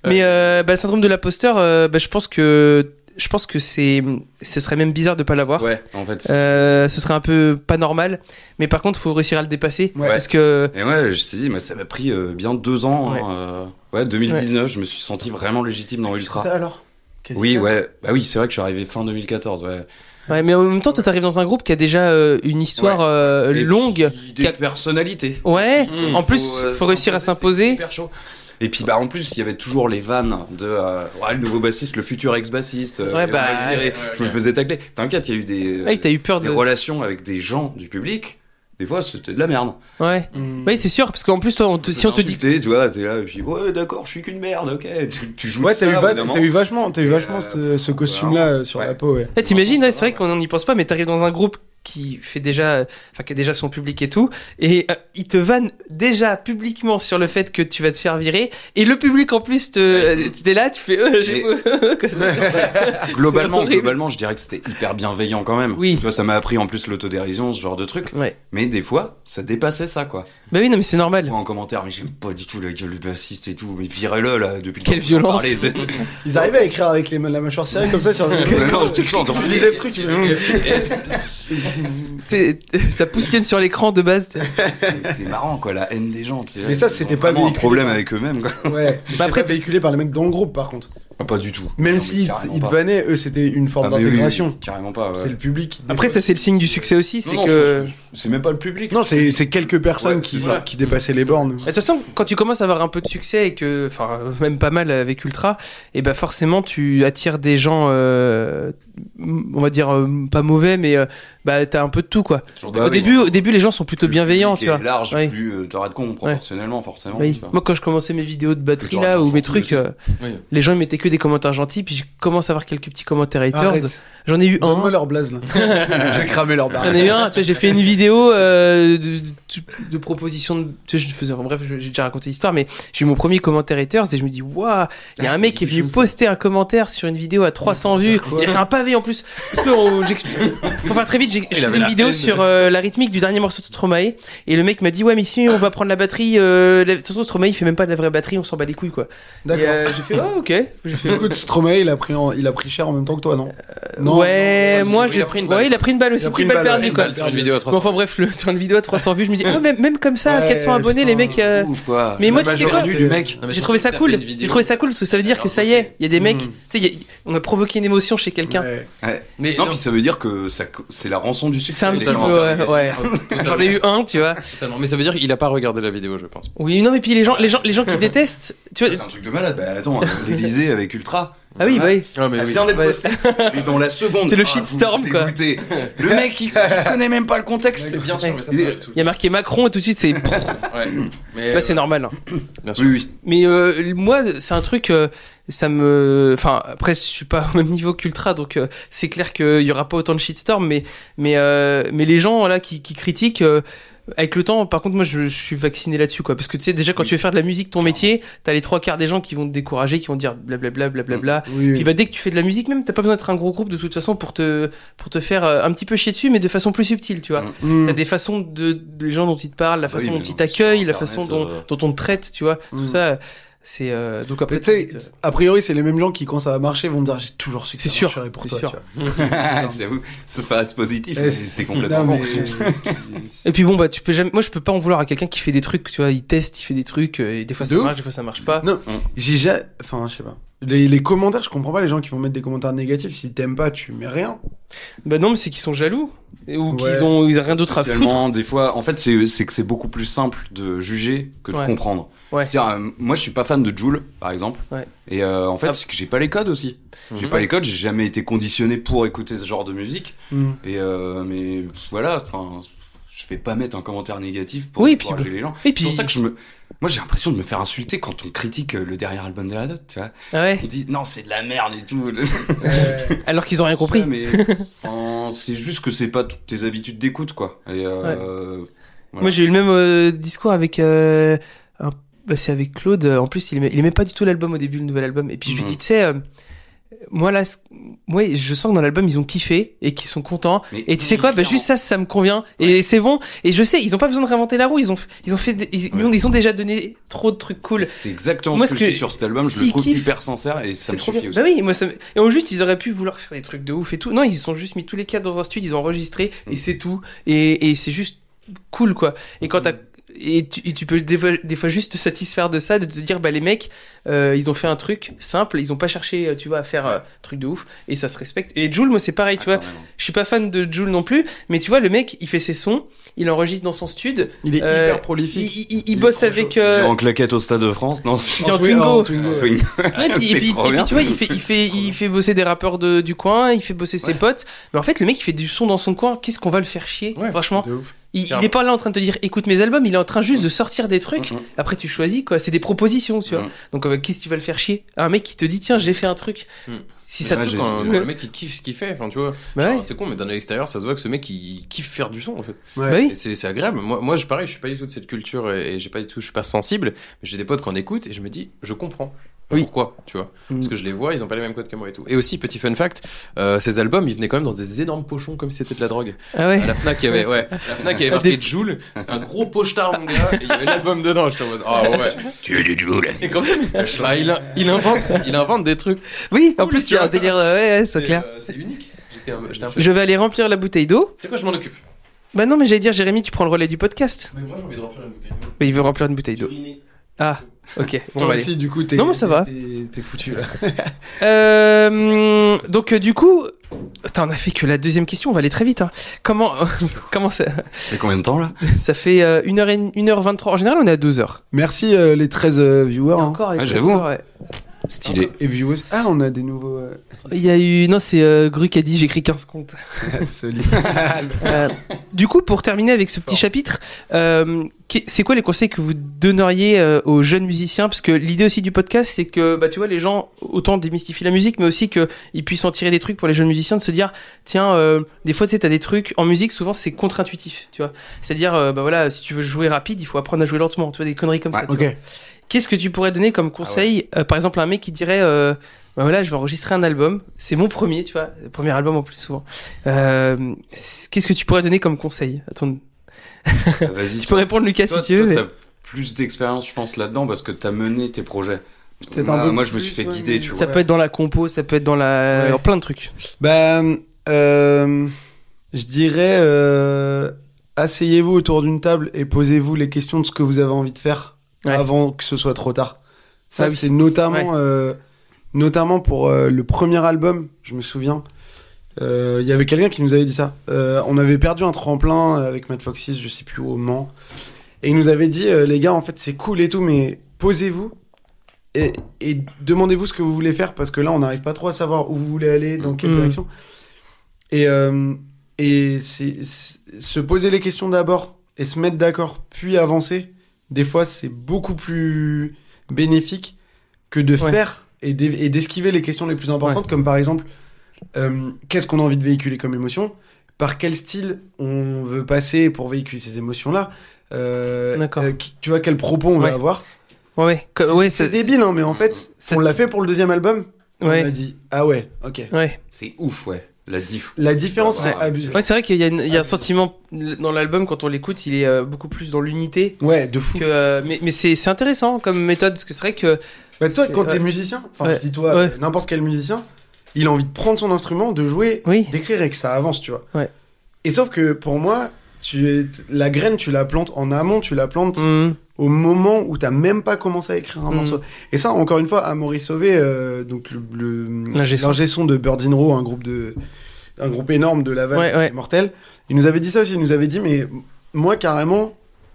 [SPEAKER 1] Mais euh, bah, syndrome de l'imposteur, euh, bah, je pense que je pense que c'est ce serait même bizarre de pas l'avoir.
[SPEAKER 3] Ouais, en fait.
[SPEAKER 1] Euh, ce serait un peu pas normal, mais par contre, faut réussir à le dépasser
[SPEAKER 4] Ouais.
[SPEAKER 1] parce que
[SPEAKER 3] Et ouais, je t'ai dit, mais ça m'a pris euh, bien deux ans. hein,
[SPEAKER 1] Ouais.
[SPEAKER 3] euh, Ouais, 2019, je me suis senti vraiment légitime dans Ultra.
[SPEAKER 5] Ça alors Quasi
[SPEAKER 3] Oui,
[SPEAKER 5] quatre.
[SPEAKER 3] ouais. Bah oui, c'est vrai que je suis arrivé fin 2014, ouais.
[SPEAKER 1] ouais, mais en même temps, toi t'arrives dans un groupe qui a déjà euh, une histoire euh,
[SPEAKER 3] Et
[SPEAKER 1] longue.
[SPEAKER 3] puis,
[SPEAKER 1] qui a-
[SPEAKER 3] Des personnalités.
[SPEAKER 1] Ouais. en plus,
[SPEAKER 3] euh,
[SPEAKER 1] faut réussir à
[SPEAKER 3] c'est
[SPEAKER 1] s'imposer.
[SPEAKER 3] hyper chaud. Et puis bah en plus il y avait toujours les vannes de euh, ouais, le nouveau bassiste, le futur ex-bassiste. euh,
[SPEAKER 1] Ouais,
[SPEAKER 3] et on
[SPEAKER 1] bah,
[SPEAKER 3] m'a viré.
[SPEAKER 2] ouais, ouais,
[SPEAKER 3] je me
[SPEAKER 2] ouais.
[SPEAKER 3] faisais tacler. T'inquiète, il y a eu des,
[SPEAKER 1] Ouais, que Ah t'as eu peur
[SPEAKER 3] euh, des
[SPEAKER 1] de.
[SPEAKER 3] relations avec des gens du public. Des fois c'était de la merde.
[SPEAKER 1] Ouais.
[SPEAKER 4] Hmm.
[SPEAKER 1] Oui, c'est sûr, parce qu'en plus, toi, on te- si on te dit.
[SPEAKER 3] Insulté, tu vois, t'es là et puis ouais d'accord, je suis qu'une merde, ok. Tu, tu joues.
[SPEAKER 4] Ouais,
[SPEAKER 3] de
[SPEAKER 4] t'as eu,
[SPEAKER 3] ça,
[SPEAKER 4] va-
[SPEAKER 3] évidemment.
[SPEAKER 4] t'as eu vachement, t'as eu
[SPEAKER 3] Et,
[SPEAKER 4] vachement ce,
[SPEAKER 3] euh,
[SPEAKER 4] ce costume-là euh, sur
[SPEAKER 3] ouais.
[SPEAKER 4] la peau, ouais.
[SPEAKER 1] Eh, T'imagines,
[SPEAKER 3] ça
[SPEAKER 1] ouais, c'est
[SPEAKER 3] va,
[SPEAKER 1] vrai qu'on n'y pense pas, mais t'arrives dans un groupe qui fait déjà, enfin qui a déjà son public et tout, et euh, ils te vannent déjà publiquement sur le fait que tu vas te faire virer, et le public en plus te, euh, t'es là, tu fais, euh, j'ai que ça.
[SPEAKER 3] Ah, Globalement,
[SPEAKER 1] horrible.
[SPEAKER 3] globalement, je dirais que c'était hyper bienveillant quand même.
[SPEAKER 1] Oui.
[SPEAKER 3] Tu vois, ça m'a appris en plus l'autodérision, ce genre de truc.
[SPEAKER 1] Ouais.
[SPEAKER 3] Mais des fois, ça dépassait ça, quoi.
[SPEAKER 1] Bah oui, non mais c'est normal.
[SPEAKER 3] Moi, en commentaire, mais j'aime pas du tout la gueule du bassiste et tout, mais virez-le là depuis.
[SPEAKER 1] Quelle
[SPEAKER 3] le temps que vous en
[SPEAKER 1] violence.
[SPEAKER 3] parlez.
[SPEAKER 4] Ils arrivaient à écrire avec les, la mâchoire serrée comme ça sur le.
[SPEAKER 3] Ouais, non, tu le sens, t'en
[SPEAKER 4] Ils
[SPEAKER 3] fais
[SPEAKER 4] disaient le truc, ils-
[SPEAKER 1] T'es- Ça pousse sur l'écran de base. Bah, t'es-
[SPEAKER 3] C'est c'est marrant, quoi, la haine des gens. tu sais.
[SPEAKER 4] Mais ça, c'était
[SPEAKER 3] Ils ont
[SPEAKER 4] pas
[SPEAKER 3] vraiment un
[SPEAKER 4] véhiculé.
[SPEAKER 3] problème avec eux-mêmes, quoi.
[SPEAKER 4] Ouais.
[SPEAKER 1] Bah après,
[SPEAKER 4] après,
[SPEAKER 1] t'es-
[SPEAKER 4] véhiculé par les mecs dans le groupe, par contre.
[SPEAKER 3] Ah, pas du tout.
[SPEAKER 4] Même
[SPEAKER 3] Non,
[SPEAKER 4] s'ils
[SPEAKER 3] carrément
[SPEAKER 4] ils te
[SPEAKER 3] pas.
[SPEAKER 4] bannaient, eux, c'était une forme
[SPEAKER 3] Ah, mais oui, oui,
[SPEAKER 4] d'intégration.
[SPEAKER 3] oui, Carrément pas. ouais.
[SPEAKER 4] C'est le public. qui-
[SPEAKER 1] Après, ça c'est le signe du succès aussi, c'est
[SPEAKER 3] Non, non,
[SPEAKER 1] que.
[SPEAKER 3] je pense que C'est même pas le public.
[SPEAKER 4] Non, c'est c'est quelques personnes
[SPEAKER 3] Ouais,
[SPEAKER 4] qui,
[SPEAKER 3] c'est ça.
[SPEAKER 4] qui dépassaient les bornes.
[SPEAKER 1] De toute façon, quand tu commences à avoir un peu de succès et que, enfin, même pas mal avec Ultra, et ben forcément tu attires des gens, euh, m- on va dire euh, pas mauvais, mais euh, bah t'as un peu de tout quoi.
[SPEAKER 3] Toujours
[SPEAKER 1] Bah, au
[SPEAKER 3] d'accord.
[SPEAKER 1] début, au début les gens sont plutôt
[SPEAKER 3] Plus
[SPEAKER 1] bienveillants,
[SPEAKER 3] le
[SPEAKER 1] tu vois.
[SPEAKER 3] public est large,
[SPEAKER 1] Ouais.
[SPEAKER 3] plus euh, t'auras de con proportionnellement, forcément.
[SPEAKER 1] Oui.
[SPEAKER 3] tu vois.
[SPEAKER 1] Moi quand je commençais mes vidéos de batterie
[SPEAKER 3] Plutôt
[SPEAKER 1] là ou mes
[SPEAKER 3] gentil
[SPEAKER 1] trucs,
[SPEAKER 3] aussi.
[SPEAKER 1] euh,
[SPEAKER 2] Oui.
[SPEAKER 1] les gens ils mettaient que des commentaires gentils, puis je commence à avoir quelques petits commentaires haters.
[SPEAKER 4] Arrête.
[SPEAKER 1] J'en ai eu un.
[SPEAKER 4] Donne-moi leur blaze, là. J'ai cramé leur barre.
[SPEAKER 1] hein J'en ai eu un, tu vois, j'ai fait une vidéo euh, de, de- de propositions de. Tu sais, je faisais, bref, je- j'ai déjà raconté l'histoire, mais j'ai eu mon premier commentaire haters et je me dis, waouh, il y a
[SPEAKER 3] Ah,
[SPEAKER 1] un
[SPEAKER 3] ça
[SPEAKER 1] mec
[SPEAKER 3] dit
[SPEAKER 1] qui est
[SPEAKER 3] quelque
[SPEAKER 1] venu
[SPEAKER 3] chose,
[SPEAKER 1] poster un commentaire sur une vidéo à 300 vues. Il a fait un pavé en plus. Parce que, oh, j'explique- enfin, très vite, j'ai j'ai fait
[SPEAKER 2] avait
[SPEAKER 1] une
[SPEAKER 2] la
[SPEAKER 1] vidéo
[SPEAKER 2] haine.
[SPEAKER 1] sur euh, la rythmique du dernier morceau de Stromae et le mec m'a dit, ouais, mais si on va prendre la batterie, euh, la- de toute façon, Stromae il fait même pas de la vraie batterie, on s'en bat les couilles quoi. Et,
[SPEAKER 4] D'accord.
[SPEAKER 1] euh, j'ai fait, oh, ok. J'ai fait, Euh,
[SPEAKER 4] Écoute, Stromae, il a pris, en- il a pris cher en même temps que toi, non
[SPEAKER 1] ouais,
[SPEAKER 2] non,
[SPEAKER 1] moi
[SPEAKER 2] il a
[SPEAKER 1] j'ai.
[SPEAKER 2] pris une balle.
[SPEAKER 1] Ouais, il a pris une balle aussi,
[SPEAKER 4] Il a pris
[SPEAKER 1] petite
[SPEAKER 4] une
[SPEAKER 1] balle
[SPEAKER 4] balle,
[SPEAKER 1] perdue
[SPEAKER 4] ouais,
[SPEAKER 1] quoi.
[SPEAKER 4] une balle.
[SPEAKER 2] Sur une vidéo à
[SPEAKER 1] Bon,
[SPEAKER 2] 300.
[SPEAKER 1] enfin bref, le, sur une vidéo à 300 vues, je me dis, ah, même, même comme ça,
[SPEAKER 4] Ouais,
[SPEAKER 1] 400 abonnés, les
[SPEAKER 4] putain,
[SPEAKER 1] mecs. euh,
[SPEAKER 3] Ouf, quoi.
[SPEAKER 1] Mais moi,
[SPEAKER 4] La
[SPEAKER 1] tu sais quoi
[SPEAKER 4] majorité
[SPEAKER 3] du mec.
[SPEAKER 2] Non, mais
[SPEAKER 1] J'ai
[SPEAKER 2] surtout
[SPEAKER 1] trouvé
[SPEAKER 2] que
[SPEAKER 1] ça
[SPEAKER 2] t'as
[SPEAKER 1] cool.
[SPEAKER 2] fait une vidéo.
[SPEAKER 1] J'ai trouvé ça cool parce que ça veut dire
[SPEAKER 2] Alors,
[SPEAKER 1] que ça y
[SPEAKER 2] c'est-
[SPEAKER 1] est, il y a des mecs,
[SPEAKER 4] Mm.
[SPEAKER 1] tu sais, il y a- on a provoqué une émotion chez quelqu'un.
[SPEAKER 4] Ouais.
[SPEAKER 2] Mais
[SPEAKER 3] Non,
[SPEAKER 2] non,
[SPEAKER 3] puis ça veut dire que ça co- c'est la rançon du succès.
[SPEAKER 1] C'est un petit peu, ouais.
[SPEAKER 3] totalement.
[SPEAKER 1] ouais. J'en
[SPEAKER 2] Oh, totalement,
[SPEAKER 1] ai eu un, tu vois.
[SPEAKER 2] totalement. Mais ça veut dire qu'il a pas regardé la vidéo, je pense.
[SPEAKER 1] Oui, non, mais puis les gens, les gens, les gens qui détestent, tu vois.
[SPEAKER 3] C'est un truc de malade. Bah attends, euh, l'Elysée avec Ultra.
[SPEAKER 1] Ah oui, bah oui.
[SPEAKER 2] Ah,
[SPEAKER 3] Elle
[SPEAKER 2] mais oui.
[SPEAKER 3] vient d'être
[SPEAKER 1] Ouais.
[SPEAKER 3] postée. Et dans la seconde.
[SPEAKER 1] C'est le
[SPEAKER 3] ah,
[SPEAKER 1] shitstorm,
[SPEAKER 3] vous,
[SPEAKER 1] quoi.
[SPEAKER 3] dégoûté. Le mec, il, il connaît même pas le contexte.
[SPEAKER 2] C'est bien sûr, mais ça, ça arrive tout
[SPEAKER 1] Il y a marqué Macron et tout de suite, c'est. Bah,
[SPEAKER 2] Ouais. Mais euh,
[SPEAKER 1] c'est normal. hein.
[SPEAKER 2] Bah, bien sûr.
[SPEAKER 3] Oui, oui.
[SPEAKER 1] Mais euh, moi, c'est un truc, euh, ça me. Enfin, après, je suis pas au même niveau qu'Ultra, donc euh, c'est clair qu'il y aura pas autant de shitstorm, mais, mais, euh, mais les gens là qui, qui critiquent. euh, avec le temps, par contre, moi, je, je suis vacciné là-dessus, quoi. Parce que tu sais, déjà, quand tu veux faire de la musique, ton métier, t'as les trois quarts des gens qui vont te décourager, qui vont te dire blablabla, blablabla.
[SPEAKER 4] Oui,
[SPEAKER 1] Puis
[SPEAKER 4] oui.
[SPEAKER 1] bah, dès que tu fais de la musique, même, t'as pas besoin d'être un gros groupe de toute façon pour te, pour te faire euh, un petit peu chier dessus, mais de façon plus subtile, tu vois.
[SPEAKER 4] Mm.
[SPEAKER 1] T'as des façons de des gens dont ils te parlent, la façon
[SPEAKER 3] Hmm. Oui, mais
[SPEAKER 1] dont ils
[SPEAKER 3] non,
[SPEAKER 1] t'accueillent,
[SPEAKER 3] sur
[SPEAKER 1] la façon dont,
[SPEAKER 3] Internet, euh, hmm.
[SPEAKER 1] dont on te traite, tu vois. Tout
[SPEAKER 4] Mm.
[SPEAKER 1] ça, c'est euh, donc après.
[SPEAKER 4] Mais tu
[SPEAKER 1] t'as-
[SPEAKER 4] sais, a priori, c'est les mêmes gens qui, quand ça va marcher, vont dire J'ai toujours su que
[SPEAKER 1] C'est
[SPEAKER 4] ça
[SPEAKER 1] sûr,
[SPEAKER 4] marcherait pour
[SPEAKER 1] c'est
[SPEAKER 4] toi.
[SPEAKER 1] sûr.
[SPEAKER 4] tu vois.
[SPEAKER 3] J'avoue, ça, ça reste positif.
[SPEAKER 4] Eh,
[SPEAKER 3] mais
[SPEAKER 4] c'est-
[SPEAKER 3] C'est
[SPEAKER 4] Non,
[SPEAKER 3] complètement bon.
[SPEAKER 1] Et puis bon bah tu peux jamais. Moi je peux pas en vouloir à quelqu'un qui fait des trucs, tu vois. Il teste, il fait des trucs. euh, Et des fois
[SPEAKER 4] De
[SPEAKER 1] ça
[SPEAKER 4] ouf.
[SPEAKER 1] marche, des fois ça marche pas.
[SPEAKER 4] Non, j'ai ja- Enfin, je sais pas. Les, les commentaires, je comprends pas les gens qui vont mettre des commentaires négatifs. Si t'aimes pas, tu mets rien.
[SPEAKER 1] Bah non mais c'est qu'ils sont jaloux et- ou
[SPEAKER 4] Ouais.
[SPEAKER 1] qu'ils ont ils ont rien d'autre à foutre.
[SPEAKER 3] Finalement, des fois, en fait, c'est c'est que c'est beaucoup plus simple de juger que de
[SPEAKER 1] Ouais.
[SPEAKER 3] comprendre.
[SPEAKER 1] Ouais.
[SPEAKER 3] C'est-à-dire, euh, moi, je suis pas fan de Joule, par exemple.
[SPEAKER 1] Ouais.
[SPEAKER 3] Et euh, en fait,
[SPEAKER 1] Ah.
[SPEAKER 3] c'est que j'ai pas les codes aussi. J'ai
[SPEAKER 2] Mhm.
[SPEAKER 3] pas les codes. J'ai jamais été conditionné pour écouter ce genre de musique.
[SPEAKER 4] Mm.
[SPEAKER 3] Et euh, mais pff, voilà, enfin, je vais pas mettre un commentaire négatif pour
[SPEAKER 1] Oui,
[SPEAKER 3] oui,
[SPEAKER 1] puis
[SPEAKER 3] encourager les gens.
[SPEAKER 1] Et
[SPEAKER 3] C'est
[SPEAKER 1] puis
[SPEAKER 3] pour ça que je me, Moi, j'ai l'impression de me faire insulter quand on critique euh, le dernier album des Red Hot, tu vois.
[SPEAKER 1] Ah ouais.
[SPEAKER 3] On dit non, c'est de la merde et tout.
[SPEAKER 1] Alors qu'ils ont rien compris.
[SPEAKER 3] Ouais, mais enfin, c'est juste que c'est pas toutes tes habitudes d'écoute, quoi. Et, euh, voilà.
[SPEAKER 1] Moi, j'ai eu le même euh, discours avec. euh, un- bah, c'est avec Claude. En plus, il aimait, il aimait pas du tout l'album au début, le nouvel album. Et puis, je lui
[SPEAKER 3] Mhm.
[SPEAKER 1] dis, tu sais, euh, moi, là, ce- moi, je sens que dans l'album, ils ont kiffé et qu'ils sont contents.
[SPEAKER 3] Mais
[SPEAKER 1] Et tu sais quoi, bah,
[SPEAKER 3] Mm-hmm, clairement.
[SPEAKER 1] juste ça, ça me convient. Et c'est bon. Et je sais, ils ont pas besoin de réinventer la roue. Ils ont, f- ils ont fait, des- ils, ils ont, ils ont déjà donné trop de trucs cool.
[SPEAKER 3] C'est exactement
[SPEAKER 1] Moi,
[SPEAKER 3] ce que,
[SPEAKER 1] ce que-
[SPEAKER 3] je dis sur cet album. Je
[SPEAKER 1] s'il
[SPEAKER 3] le trouve
[SPEAKER 1] kiffe,
[SPEAKER 3] hyper sincère et ça
[SPEAKER 1] C'est
[SPEAKER 3] me
[SPEAKER 1] trop
[SPEAKER 3] suffit
[SPEAKER 1] bien.
[SPEAKER 3] aussi.
[SPEAKER 1] Bah oui, moi ça me- Et au juste, ils auraient pu vouloir faire des trucs de ouf et tout. Non, ils se sont juste mis tous les quatre dans un studio, ils ont enregistré
[SPEAKER 3] Mm.
[SPEAKER 1] et c'est tout. Et, et c'est juste cool quoi. Et quand t'as.
[SPEAKER 3] Mm.
[SPEAKER 1] Et tu, et tu peux des fois, des fois juste te satisfaire de ça, de te dire, bah les mecs, euh, ils ont fait un truc simple, ils ont pas cherché, euh, tu vois, à faire euh, un truc de ouf, et ça se respecte. Et Jules, moi c'est pareil,
[SPEAKER 3] Ah,
[SPEAKER 1] tu vois,
[SPEAKER 3] quand même.
[SPEAKER 1] je suis pas fan de Jules non plus, mais tu vois, le mec, il fait ses sons, il enregistre dans son stud,
[SPEAKER 4] Il est
[SPEAKER 1] Euh,
[SPEAKER 4] hyper
[SPEAKER 1] il,
[SPEAKER 4] prolifique.
[SPEAKER 1] il- il- il bosse
[SPEAKER 3] est trop
[SPEAKER 1] avec...
[SPEAKER 3] chaud.
[SPEAKER 1] euh,
[SPEAKER 3] Il est En claquette au Stade de France, non c'est-
[SPEAKER 1] il est en
[SPEAKER 4] Twingo,
[SPEAKER 1] Twingo. Ah,
[SPEAKER 4] en Twingo, ouais.
[SPEAKER 3] Twingo.
[SPEAKER 1] Ouais, puis- et,
[SPEAKER 3] C'est
[SPEAKER 1] puis,
[SPEAKER 3] trop
[SPEAKER 1] et puis,
[SPEAKER 3] bien.
[SPEAKER 1] tu vois, il fait, il fait, il fait bosser des rappeurs de, du coin, il fait bosser ses potes. Mais en fait, le mec, il fait du son dans son coin. Qu'est-ce qu'on va le faire chier
[SPEAKER 2] Ouais.
[SPEAKER 1] Franchement,
[SPEAKER 4] De ouf.
[SPEAKER 1] il, il
[SPEAKER 2] Clairement.
[SPEAKER 1] est pas là en train de te dire écoute mes albums, il est en train juste de sortir des trucs.
[SPEAKER 3] Mhm.
[SPEAKER 1] Après, tu choisis quoi. C'est des propositions, tu vois.
[SPEAKER 3] Mhm.
[SPEAKER 1] Donc, euh, qu'est-ce que tu vas le faire chier Un mec qui te dit tiens, j'ai fait un truc.
[SPEAKER 2] Mhm.
[SPEAKER 1] Si
[SPEAKER 3] Mais
[SPEAKER 1] ça
[SPEAKER 3] là,
[SPEAKER 1] te
[SPEAKER 3] j'ai-
[SPEAKER 1] touche,
[SPEAKER 2] Quand, quand le mec il kiffe ce qu'il fait, enfin tu vois,
[SPEAKER 1] bah
[SPEAKER 2] genre,
[SPEAKER 1] ouais.
[SPEAKER 2] c'est con, mais d'un extérieur ça se voit que ce mec il kiffe faire du son en fait.
[SPEAKER 1] Bah oui.
[SPEAKER 2] Et C'est c'est agréable. Moi, moi, je pareil, je suis pas du tout de cette culture et, et j'ai pas du tout, je suis pas sensible. Mais j'ai des potes qu'on écoute et je me dis, je comprends.
[SPEAKER 1] Oui.
[SPEAKER 2] Pourquoi, tu vois Parce
[SPEAKER 1] Mm.
[SPEAKER 2] que je les vois, ils ont pas les mêmes codes que moi et tout. Et aussi, petit fun fact, euh, ces albums, ils venaient quand même dans des énormes pochons comme si c'était de la drogue.
[SPEAKER 1] Ah ouais.
[SPEAKER 2] À la Fnac, il y avait, ouais, à la Fnac, il y avait marqué Joule, un gros pochetard, mon gars, et il y avait l'album dedans. J'étais en mode, ah ouais.
[SPEAKER 3] Tu es du Joule.
[SPEAKER 2] Et quand même, bah, il, il invente, il invente des trucs.
[SPEAKER 1] Oui, en
[SPEAKER 2] Cool,
[SPEAKER 1] plus, il
[SPEAKER 2] tu
[SPEAKER 1] y a un
[SPEAKER 2] vois.
[SPEAKER 1] délire. euh, Ouais, ouais, c'est clair.
[SPEAKER 2] euh, c'est unique. J'étais un, j'étais un peu. Tu
[SPEAKER 1] Je vais aller remplir la bouteille d'eau.
[SPEAKER 2] sais quoi, je m'en occupe.
[SPEAKER 1] Bah non, mais j'allais dire, Jérémy, tu prends le relais du podcast.
[SPEAKER 2] Mais moi, j'ai envie de remplir la bouteille d'eau.
[SPEAKER 1] Mais il veut remplir une bouteille d'eau.
[SPEAKER 2] Uriner.
[SPEAKER 1] Ah, ok. Bon,
[SPEAKER 4] Toi
[SPEAKER 1] allez.
[SPEAKER 4] aussi, du coup, t'es.
[SPEAKER 1] Non, mais ça va.
[SPEAKER 4] t'es- T'es foutu. là.
[SPEAKER 1] Euh, donc euh, du coup, Attends, on a fait que la deuxième question, on va aller très vite. hein. Comment comment ça,
[SPEAKER 3] C'est combien de temps là
[SPEAKER 1] ça fait euh, 1h23 en général, on est à 12h.
[SPEAKER 4] Merci euh, les 13 euh, viewers. hein.
[SPEAKER 1] Encore les
[SPEAKER 3] Ah,
[SPEAKER 1] trucs,
[SPEAKER 3] j'avoue.
[SPEAKER 1] ouais.
[SPEAKER 3] Stylé.
[SPEAKER 4] Et viewers. Ah, on a des nouveaux. euh,
[SPEAKER 1] Il y a eu non, c'est euh, Gru qui a dit j'écris 15 comptes.
[SPEAKER 4] solides.
[SPEAKER 1] Euh, du coup, pour terminer avec ce petit chapitre, euh, qui- c'est quoi les conseils que vous donneriez euh, aux jeunes musiciens Parce que l'idée aussi du podcast, c'est que bah, tu vois, les gens autant démystifient la musique, mais aussi qu'ils puissent en tirer des trucs pour les jeunes musiciens, de se dire tiens, euh, des fois, tu sais, t'as des trucs en musique, souvent c'est contre-intuitif, tu vois. C'est-à-dire, euh, bah voilà, si tu veux jouer rapide, il faut apprendre à jouer lentement, tu vois, des conneries comme
[SPEAKER 3] Ouais,
[SPEAKER 1] ça. tu
[SPEAKER 4] Ok.
[SPEAKER 1] vois. Qu'est-ce que tu pourrais donner
[SPEAKER 4] Ah
[SPEAKER 1] comme conseil, euh, par exemple, à un mec qui dirait euh, bah voilà, je vais enregistrer un album, c'est mon premier, tu vois, le premier album en plus souvent. Euh, c- Qu'est-ce que tu pourrais donner comme conseil à ton-
[SPEAKER 3] Vas-y.
[SPEAKER 1] Tu peux répondre, Lucas, si
[SPEAKER 3] Toi,
[SPEAKER 1] tu veux.
[SPEAKER 3] toi,
[SPEAKER 1] mais-
[SPEAKER 3] t'as plus d'expérience, je pense, là-dedans parce que t'as mené tes projets.
[SPEAKER 4] Peut-être
[SPEAKER 3] Moi-
[SPEAKER 4] un peu
[SPEAKER 3] Moi, je me
[SPEAKER 4] plus,
[SPEAKER 3] suis fait
[SPEAKER 4] ouais,
[SPEAKER 3] guider,
[SPEAKER 4] mais-
[SPEAKER 3] tu vois.
[SPEAKER 1] Ça peut être dans la compo, ça peut être dans la...
[SPEAKER 4] Ouais.
[SPEAKER 1] dans plein de trucs.
[SPEAKER 4] Bah, euh, je dirais, euh, asseyez-vous autour d'une table et posez-vous les questions de ce que vous avez envie de faire
[SPEAKER 1] Ouais.
[SPEAKER 4] avant que ce soit trop tard. Ça,
[SPEAKER 1] Ah oui.
[SPEAKER 4] c'est notamment, euh, notamment pour euh, le premier album, je me souviens. Euh, Il y avait quelqu'un qui nous avait dit ça. Euh, on avait perdu un tremplin avec Matt Foxes, je sais plus au Mans. Et il nous avait dit, euh, les gars, en fait, c'est cool et tout, mais posez-vous et, et demandez-vous ce que vous voulez faire parce que là, on n'arrive pas trop à savoir où vous voulez aller, dans quelle
[SPEAKER 1] Mhm.
[SPEAKER 4] direction. Et, euh, et c'est- c'est- se poser les questions d'abord et se mettre d'accord, puis avancer, des fois, c'est beaucoup plus bénéfique que de
[SPEAKER 1] Ouais.
[SPEAKER 4] faire et d'é- et d'esquiver les questions les plus importantes, comme par exemple, euh, qu'est-ce qu'on a envie de véhiculer comme émotion par quel style on veut passer pour véhiculer ces émotions-là. Euh,
[SPEAKER 1] D'accord.
[SPEAKER 4] euh, qui- tu vois quel propos on
[SPEAKER 1] Ouais.
[SPEAKER 4] va avoir.
[SPEAKER 1] Ouais, ouais. Co-
[SPEAKER 4] C'est
[SPEAKER 1] ouais,
[SPEAKER 4] c'est
[SPEAKER 1] ça-
[SPEAKER 4] débile, hein, mais en fait,
[SPEAKER 1] ça-
[SPEAKER 4] on l'a fait pour le deuxième album. On a
[SPEAKER 1] Ouais,
[SPEAKER 4] dit ah ouais, ok.
[SPEAKER 1] ouais.
[SPEAKER 3] C'est ouf, ouais. La diff.
[SPEAKER 4] La différence,
[SPEAKER 3] Ouais.
[SPEAKER 4] c'est abusé.
[SPEAKER 1] Ouais, c'est vrai qu'il y a, une- il y a un sentiment dans l'album, quand on l'écoute, il est euh, beaucoup plus dans l'unité.
[SPEAKER 4] Ouais, de fou.
[SPEAKER 1] Que, euh, mais mais c'est c'est intéressant comme méthode, parce que c'est vrai que...
[SPEAKER 4] Bah, toi,
[SPEAKER 1] c'est-
[SPEAKER 4] quand
[SPEAKER 1] ouais.
[SPEAKER 4] t'es musicien, enfin,
[SPEAKER 1] Ouais.
[SPEAKER 4] je dis toi,
[SPEAKER 1] Ouais.
[SPEAKER 4] euh, n'importe quel musicien, il a envie de prendre son instrument, de jouer,
[SPEAKER 1] Oui.
[SPEAKER 4] d'écrire et que ça avance, tu vois.
[SPEAKER 1] Ouais.
[SPEAKER 4] Et sauf que pour moi, tu es- la graine, tu la plantes en amont, tu la plantes
[SPEAKER 1] Hum,
[SPEAKER 4] au moment où t'as même pas commencé à écrire un
[SPEAKER 1] Mm.
[SPEAKER 4] morceau. Et ça, encore une fois, à Maurice Sauvé, euh, donc le, le
[SPEAKER 1] L'ingé son.
[SPEAKER 4] l'ingé son de Birds in Row, un groupe de, un groupe énorme de Laval,
[SPEAKER 1] Ouais, ouais.
[SPEAKER 4] mortel. Il nous avait dit ça aussi. Il nous avait dit, mais moi carrément,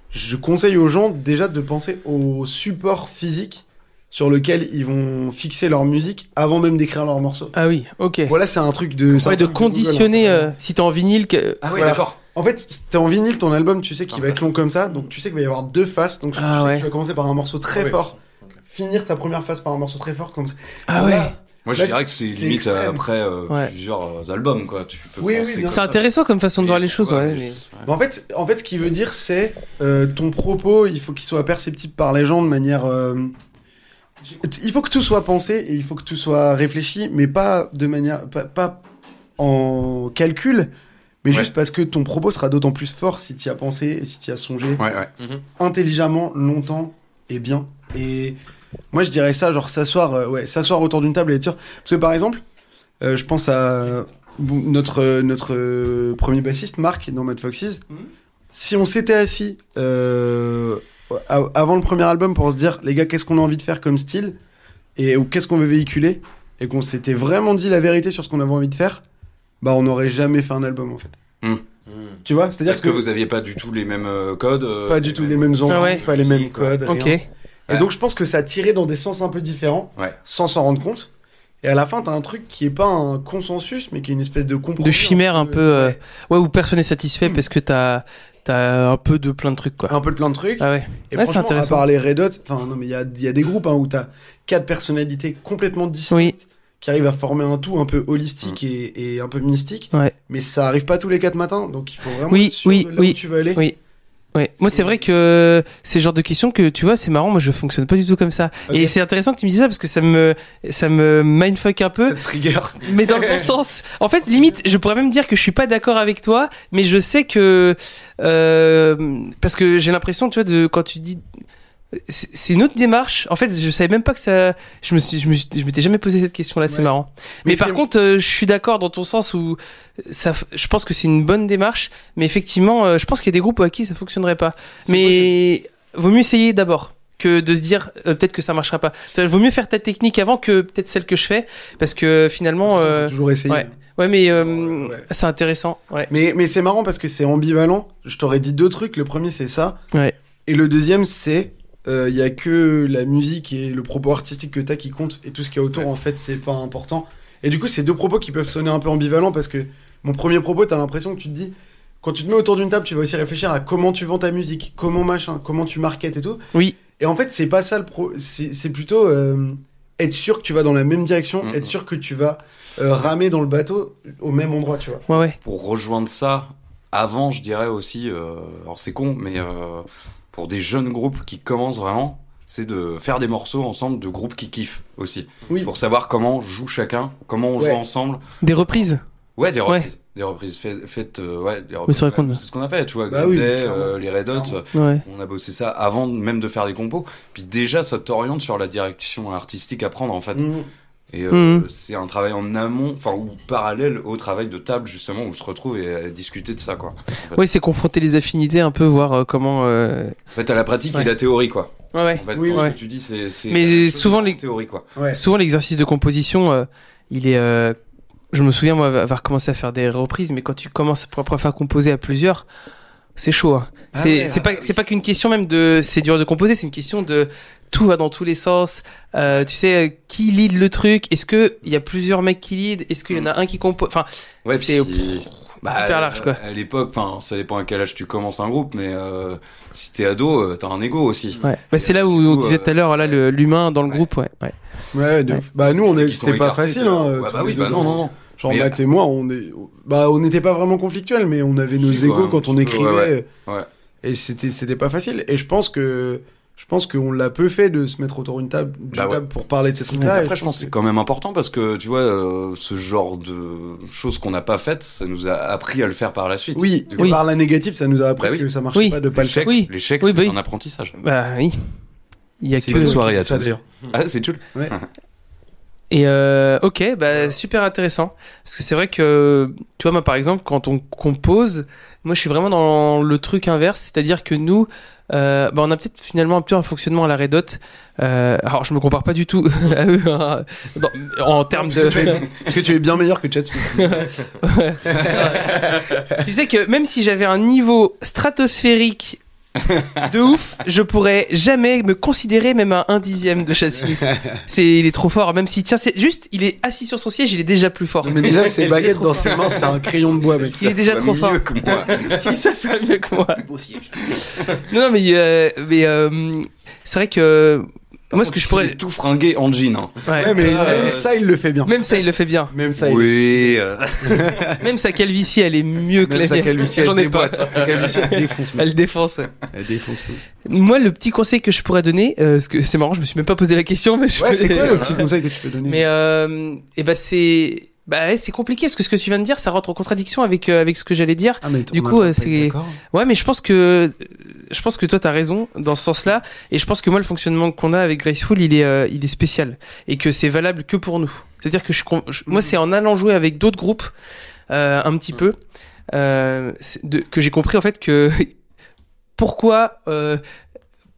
[SPEAKER 4] je conseille aux gens déjà de penser au support physique sur lequel ils vont fixer leur musique avant même d'écrire leur morceau.
[SPEAKER 1] Ah oui, ok.
[SPEAKER 4] Voilà, c'est un truc de, c'est un
[SPEAKER 1] Ouais, de
[SPEAKER 4] truc Google, hein,
[SPEAKER 1] conditionner,
[SPEAKER 4] c'est-
[SPEAKER 1] euh, si t'es en vinyle, que...
[SPEAKER 3] Ah
[SPEAKER 4] Voilà.
[SPEAKER 3] d'accord.
[SPEAKER 4] En fait, t'es en vinyle, ton album, tu sais qu'il va être long comme ça, donc tu sais qu'il va y avoir deux faces. Donc tu
[SPEAKER 1] Ah
[SPEAKER 4] sais que
[SPEAKER 1] ouais.
[SPEAKER 4] tu vas commencer par un morceau très
[SPEAKER 2] Ouais.
[SPEAKER 4] fort, finir ta première phase par un morceau très fort comme ça.
[SPEAKER 1] Ah
[SPEAKER 4] Là,
[SPEAKER 1] ouais.
[SPEAKER 3] Moi, je
[SPEAKER 4] Là,
[SPEAKER 3] dirais que c'est
[SPEAKER 4] Bah, c'est
[SPEAKER 3] limite
[SPEAKER 4] extrême.
[SPEAKER 3] après euh,
[SPEAKER 1] Ouais.
[SPEAKER 3] plusieurs albums, quoi. Tu peux
[SPEAKER 4] Oui, oui,
[SPEAKER 3] penser
[SPEAKER 4] bien
[SPEAKER 3] comme
[SPEAKER 1] C'est
[SPEAKER 3] ça.
[SPEAKER 1] intéressant comme façon de voir les choses,
[SPEAKER 3] Ouais,
[SPEAKER 1] ouais.
[SPEAKER 3] mais-
[SPEAKER 1] mais-
[SPEAKER 4] Mais en fait, en fait, ce qui veut dire, c'est euh, ton propos, il faut qu'il soit perceptible par les gens de manière. euh, il faut que tout soit pensé et il faut que tout soit réfléchi, mais pas de manière, pas, pas en calcul, mais
[SPEAKER 3] Ouais.
[SPEAKER 4] juste parce que ton propos sera d'autant plus fort si tu as pensé et si tu as songé
[SPEAKER 3] Ouais, ouais.
[SPEAKER 4] intelligemment, longtemps et bien. Et moi, je dirais ça, genre s'asseoir, euh, ouais, s'asseoir autour d'une table et dire. Parce que par exemple, euh, je pense à euh, notre euh, notre euh, premier bassiste Marc dans Mad Foxes. Si on s'était assis euh, a- avant le premier album pour se dire, les gars, qu'est-ce qu'on a envie de faire comme style et ou qu'est-ce qu'on veut véhiculer et qu'on s'était vraiment dit la vérité sur ce qu'on avait envie de faire, bah on n'aurait jamais fait un album en fait.
[SPEAKER 3] Mm.
[SPEAKER 4] Tu vois, c'est-à-dire
[SPEAKER 3] Est-ce que vous aviez pas du tout les mêmes euh, codes euh,
[SPEAKER 4] pas du tout les mêmes envies,
[SPEAKER 1] Ah ouais.
[SPEAKER 4] pas les mêmes codes. rien.
[SPEAKER 1] Ok.
[SPEAKER 4] Et donc je pense que ça a tiré dans des sens un peu différents,
[SPEAKER 3] Ouais.
[SPEAKER 4] sans s'en rendre compte. Et à la fin, t'as un truc qui est pas un consensus, mais qui est une espèce de compromis.
[SPEAKER 1] De chimère un peu. euh, Ouais, où personne n'est satisfait parce que t'as as un peu de plein de trucs, quoi.
[SPEAKER 4] Un peu de plein de trucs.
[SPEAKER 1] Ah ouais.
[SPEAKER 4] Et
[SPEAKER 1] Ouais, c'est
[SPEAKER 4] franchement, à
[SPEAKER 1] intéressant.
[SPEAKER 4] part les Red Hot, enfin non, mais il y a, il y a des groupes hein, où t'as quatre personnalités complètement distinctes
[SPEAKER 1] Oui.
[SPEAKER 4] qui arrivent à former un tout un peu holistique et, et un peu mystique.
[SPEAKER 1] Ouais.
[SPEAKER 4] Mais ça arrive pas tous les quatre matins, donc il faut vraiment
[SPEAKER 1] Oui,
[SPEAKER 4] être sûr
[SPEAKER 1] oui,
[SPEAKER 4] de là où
[SPEAKER 1] oui,
[SPEAKER 4] tu veux aller.
[SPEAKER 1] oui. Ouais. Moi, c'est vrai que c'est le genre de question que tu vois, c'est marrant. Moi, je fonctionne pas du tout comme ça.
[SPEAKER 4] Ok.
[SPEAKER 1] Et c'est intéressant que tu me dises ça parce que ça me, ça me mindfuck un
[SPEAKER 4] Ça
[SPEAKER 1] peu,
[SPEAKER 4] te trigger.
[SPEAKER 1] mais dans le bon sens. En fait, limite, je pourrais même dire que je suis pas d'accord avec toi, mais je sais que, euh, parce que j'ai l'impression, tu vois, de quand tu dis, c'est c'est une autre démarche. En fait, je savais même pas que ça. Je me suis, je me suis- je m'étais jamais posé cette question-là. C'est
[SPEAKER 4] Ouais.
[SPEAKER 1] marrant. Mais,
[SPEAKER 4] Mais
[SPEAKER 1] par
[SPEAKER 4] c'est-
[SPEAKER 1] contre, euh, je suis d'accord dans ton sens où ça, f- je pense que c'est une bonne démarche, mais effectivement, euh, je pense qu'il y a des groupes à qui ça fonctionnerait pas.
[SPEAKER 4] C'est
[SPEAKER 1] Mais vaut mieux essayer d'abord que de se dire euh, peut-être que ça marchera pas. Ça, vaut mieux faire ta technique avant que peut-être celle que je fais, parce que finalement,
[SPEAKER 4] Faut
[SPEAKER 1] euh,
[SPEAKER 4] toujours essayer.
[SPEAKER 1] ouais. ouais, mais euh,
[SPEAKER 4] Ouais.
[SPEAKER 1] c'est intéressant. Ouais.
[SPEAKER 4] Mais, mais c'est marrant parce que c'est ambivalent. Je t'aurais dit deux trucs. Le premier, c'est ça.
[SPEAKER 1] Ouais.
[SPEAKER 4] Et le deuxième, c'est. Il y a que la musique et le propos artistique que t'as qui compte. Et tout ce qu'il y a autour, en fait, c'est pas important. Et du coup, c'est deux propos qui peuvent sonner un peu ambivalents parce que mon premier propos, t'as l'impression que tu te dis. Quand tu te mets autour d'une table, tu vas aussi réfléchir à comment tu vends ta musique, comment machin, comment tu marketes et tout.
[SPEAKER 1] Oui.
[SPEAKER 4] Et en fait, c'est pas ça le pro. C'est c'est plutôt euh, être sûr que tu vas dans la même direction,
[SPEAKER 3] Mhm.
[SPEAKER 4] être sûr que tu vas euh, ramer dans le bateau au même endroit, tu vois.
[SPEAKER 1] Ouais, ouais.
[SPEAKER 3] Pour rejoindre ça, avant, je dirais aussi, euh, alors c'est con, mais euh, pour des jeunes groupes qui commencent vraiment, c'est de faire des morceaux ensemble de groupes qui kiffent aussi.
[SPEAKER 4] Oui.
[SPEAKER 3] Pour savoir comment joue chacun, comment on
[SPEAKER 4] Ouais.
[SPEAKER 3] joue ensemble.
[SPEAKER 1] Des reprises.
[SPEAKER 3] Ouais, des
[SPEAKER 1] Ouais.
[SPEAKER 3] reprises. Des reprises. Faites, faites, euh, ouais, des reprises.
[SPEAKER 1] c'est vrai qu'on-
[SPEAKER 3] Ouais, c'est ce qu'on a fait, tu vois.
[SPEAKER 4] Bah
[SPEAKER 3] Green
[SPEAKER 4] oui,
[SPEAKER 3] Day,
[SPEAKER 4] clairement.
[SPEAKER 3] euh, les Red Hot,
[SPEAKER 4] Clairement.
[SPEAKER 3] euh,
[SPEAKER 1] Ouais.
[SPEAKER 3] on a bossé ça avant même de faire les compos. Puis déjà, ça t'oriente sur la direction artistique à prendre, en fait.
[SPEAKER 1] Mm.
[SPEAKER 4] Mhm.
[SPEAKER 3] Et euh,
[SPEAKER 1] Mhm.
[SPEAKER 3] c'est un travail en amont, enfin, ou parallèle au travail de table, justement, où on se retrouve et à discuter de ça, quoi.
[SPEAKER 1] Ouais, c'est confronter les affinités un peu, voir euh, comment. euh,
[SPEAKER 3] En fait, à la pratique
[SPEAKER 1] Ouais.
[SPEAKER 3] et la théorie, quoi.
[SPEAKER 1] Ouais, ouais.
[SPEAKER 3] En fait,
[SPEAKER 4] Oui,
[SPEAKER 3] dans
[SPEAKER 1] ouais.
[SPEAKER 3] ce que tu dis, c'est. c'est
[SPEAKER 1] Mais
[SPEAKER 3] la même chose
[SPEAKER 1] souvent,
[SPEAKER 3] que
[SPEAKER 1] les-
[SPEAKER 3] la Théorie, quoi.
[SPEAKER 4] Ouais.
[SPEAKER 1] Souvent, l'exercice de composition, euh, il est. euh, je me souviens, moi, avoir commencé à faire des reprises, mais quand tu commences pour la première fois à composer à plusieurs, c'est chaud. hein.
[SPEAKER 3] Ah
[SPEAKER 1] c'est
[SPEAKER 3] ouais,
[SPEAKER 1] c'est
[SPEAKER 3] ah
[SPEAKER 1] pas,
[SPEAKER 3] bah
[SPEAKER 1] c'est
[SPEAKER 3] oui.
[SPEAKER 1] pas qu'une question même de. C'est dur de composer, c'est une question de. Tout va dans tous les sens. Euh, tu sais, euh, qui lead le truc Est-ce que il y a plusieurs mecs qui lead Est-ce qu'il y en a un qui compose Enfin,
[SPEAKER 3] Ouais,
[SPEAKER 1] C'est- bah,
[SPEAKER 3] puis- Bah,
[SPEAKER 1] hyper large, quoi.
[SPEAKER 3] À l'époque, enfin, ça dépend à quel âge tu commences un groupe, mais euh, si t'es ado, euh, t'as un ego aussi.
[SPEAKER 1] ouais. Bah, c'est
[SPEAKER 3] Et
[SPEAKER 1] là où
[SPEAKER 3] du
[SPEAKER 1] on
[SPEAKER 3] coup,
[SPEAKER 1] disait
[SPEAKER 3] euh,
[SPEAKER 1] tout à l'heure, voilà, le- l'humain dans le
[SPEAKER 3] ouais.
[SPEAKER 1] groupe, ouais. ouais.
[SPEAKER 4] Ouais, de
[SPEAKER 1] Ouais.
[SPEAKER 4] ouf. Bah nous on est,
[SPEAKER 3] Qui sont
[SPEAKER 4] c'était pas
[SPEAKER 3] écartés,
[SPEAKER 4] facile
[SPEAKER 3] t'es là.
[SPEAKER 4] hein.
[SPEAKER 3] Ouais,
[SPEAKER 4] tous
[SPEAKER 3] bah
[SPEAKER 4] les
[SPEAKER 3] oui,
[SPEAKER 4] deux,
[SPEAKER 3] bah non,
[SPEAKER 4] on-
[SPEAKER 3] non, non.
[SPEAKER 4] Genre
[SPEAKER 3] Mais-
[SPEAKER 4] Matt et moi on est bah on n'était pas vraiment conflictuels mais on avait nos
[SPEAKER 3] Si,
[SPEAKER 4] égos
[SPEAKER 3] quand même,
[SPEAKER 4] quand
[SPEAKER 3] un
[SPEAKER 4] on
[SPEAKER 3] petit peu,
[SPEAKER 4] écrivait
[SPEAKER 3] ouais, ouais. Ouais.
[SPEAKER 4] et c'était c'était pas facile et je pense que je pense qu'on l'a peu fait de se mettre autour d'une table, d'une
[SPEAKER 3] Bah ouais.
[SPEAKER 4] table pour parler de ces trucs
[SPEAKER 3] Mais
[SPEAKER 4] là.
[SPEAKER 3] après, je pense que c'est quand même important parce que tu vois, euh, ce genre de choses qu'on n'a pas faites, ça nous a appris à le faire par la suite.
[SPEAKER 4] oui,
[SPEAKER 3] Du
[SPEAKER 4] et
[SPEAKER 3] coup,
[SPEAKER 4] par la négative ça nous a appris
[SPEAKER 3] Bah oui.
[SPEAKER 4] que ça marchait
[SPEAKER 1] Oui.
[SPEAKER 4] pas de pas le faire.
[SPEAKER 3] l'échec,
[SPEAKER 1] Oui.
[SPEAKER 3] l'échec,
[SPEAKER 1] Oui,
[SPEAKER 3] c'est
[SPEAKER 1] bah oui.
[SPEAKER 3] un apprentissage.
[SPEAKER 1] Bah oui. Il y a
[SPEAKER 3] C'est
[SPEAKER 1] que.
[SPEAKER 3] une soirée à
[SPEAKER 4] Ça,
[SPEAKER 3] tous.
[SPEAKER 4] d'ailleurs.
[SPEAKER 1] Mhm.
[SPEAKER 3] Ah, c'est Jules.
[SPEAKER 1] Et euh, ok, bah super intéressant. Parce que c'est vrai que, tu vois, moi par exemple, quand on compose, moi je suis vraiment dans le truc inverse, c'est-à-dire que nous, euh, bah, on a peut-être finalement un peu un fonctionnement à la Red Hot. Euh, alors je me compare pas du tout à eux hein, dans- en termes de.
[SPEAKER 4] Parce que tu es bien meilleur que Chad Smith.
[SPEAKER 1] tu sais que même si j'avais un niveau stratosphérique de ouf, je pourrais jamais me considérer même à un dixième de Chad Smith. C'est, il est trop fort, même si, tiens, c'est juste, il est assis sur son siège, il est déjà plus fort.
[SPEAKER 4] Mais déjà, ses
[SPEAKER 1] Il est
[SPEAKER 4] baguettes
[SPEAKER 1] trop
[SPEAKER 4] dans
[SPEAKER 1] fort.
[SPEAKER 4] ses mains, c'est un crayon de bois, mec.
[SPEAKER 1] Il est déjà trop fort.
[SPEAKER 3] mieux que moi.
[SPEAKER 1] Il s'assoit mieux que moi. Non, non, mais, euh, mais euh, c'est vrai que, moi, ce que je
[SPEAKER 3] Il
[SPEAKER 1] pourrais.
[SPEAKER 3] est tout fringué en jean. hein.
[SPEAKER 1] ouais.
[SPEAKER 4] Ouais, mais
[SPEAKER 3] Euh,
[SPEAKER 4] même ça, il le fait bien.
[SPEAKER 1] Même ça, il le fait bien.
[SPEAKER 4] Même ça, il
[SPEAKER 3] Oui. euh,
[SPEAKER 1] Même sa calvitie, elle est mieux que
[SPEAKER 4] Même
[SPEAKER 1] la
[SPEAKER 4] sa
[SPEAKER 1] mienne.
[SPEAKER 4] calvitie, elle
[SPEAKER 1] J'en ai pas.
[SPEAKER 4] déboîte. Sa calvitie, elle défonce, mec.
[SPEAKER 1] Elle défonce.
[SPEAKER 4] Elle défonce tout.
[SPEAKER 1] Moi, le petit conseil que je pourrais donner, euh, parce que c'est marrant, je me suis même pas posé la question, mais je
[SPEAKER 4] Ouais, c'est
[SPEAKER 1] faisais-
[SPEAKER 4] quoi le petit conseil que tu peux donner
[SPEAKER 1] Mais euh, et ben c'est bah ouais, c'est compliqué parce que ce que tu viens de dire, ça rentre en contradiction avec euh, avec ce que j'allais dire.
[SPEAKER 4] Ah, mais
[SPEAKER 1] du
[SPEAKER 4] on a
[SPEAKER 1] coup,
[SPEAKER 4] pas
[SPEAKER 1] euh,
[SPEAKER 4] été
[SPEAKER 1] c'est-
[SPEAKER 4] d'accord.
[SPEAKER 1] Ouais, mais je pense que je pense que toi t'as raison dans ce sens-là, et je pense que moi le fonctionnement qu'on a avec Graceful, il est euh, il est spécial et que c'est valable que pour nous. C'est-à-dire que je, con- je-
[SPEAKER 4] Mhm.
[SPEAKER 1] moi c'est en allant jouer avec d'autres groupes euh, un petit peu euh, c'est de- que j'ai compris en fait que pourquoi euh,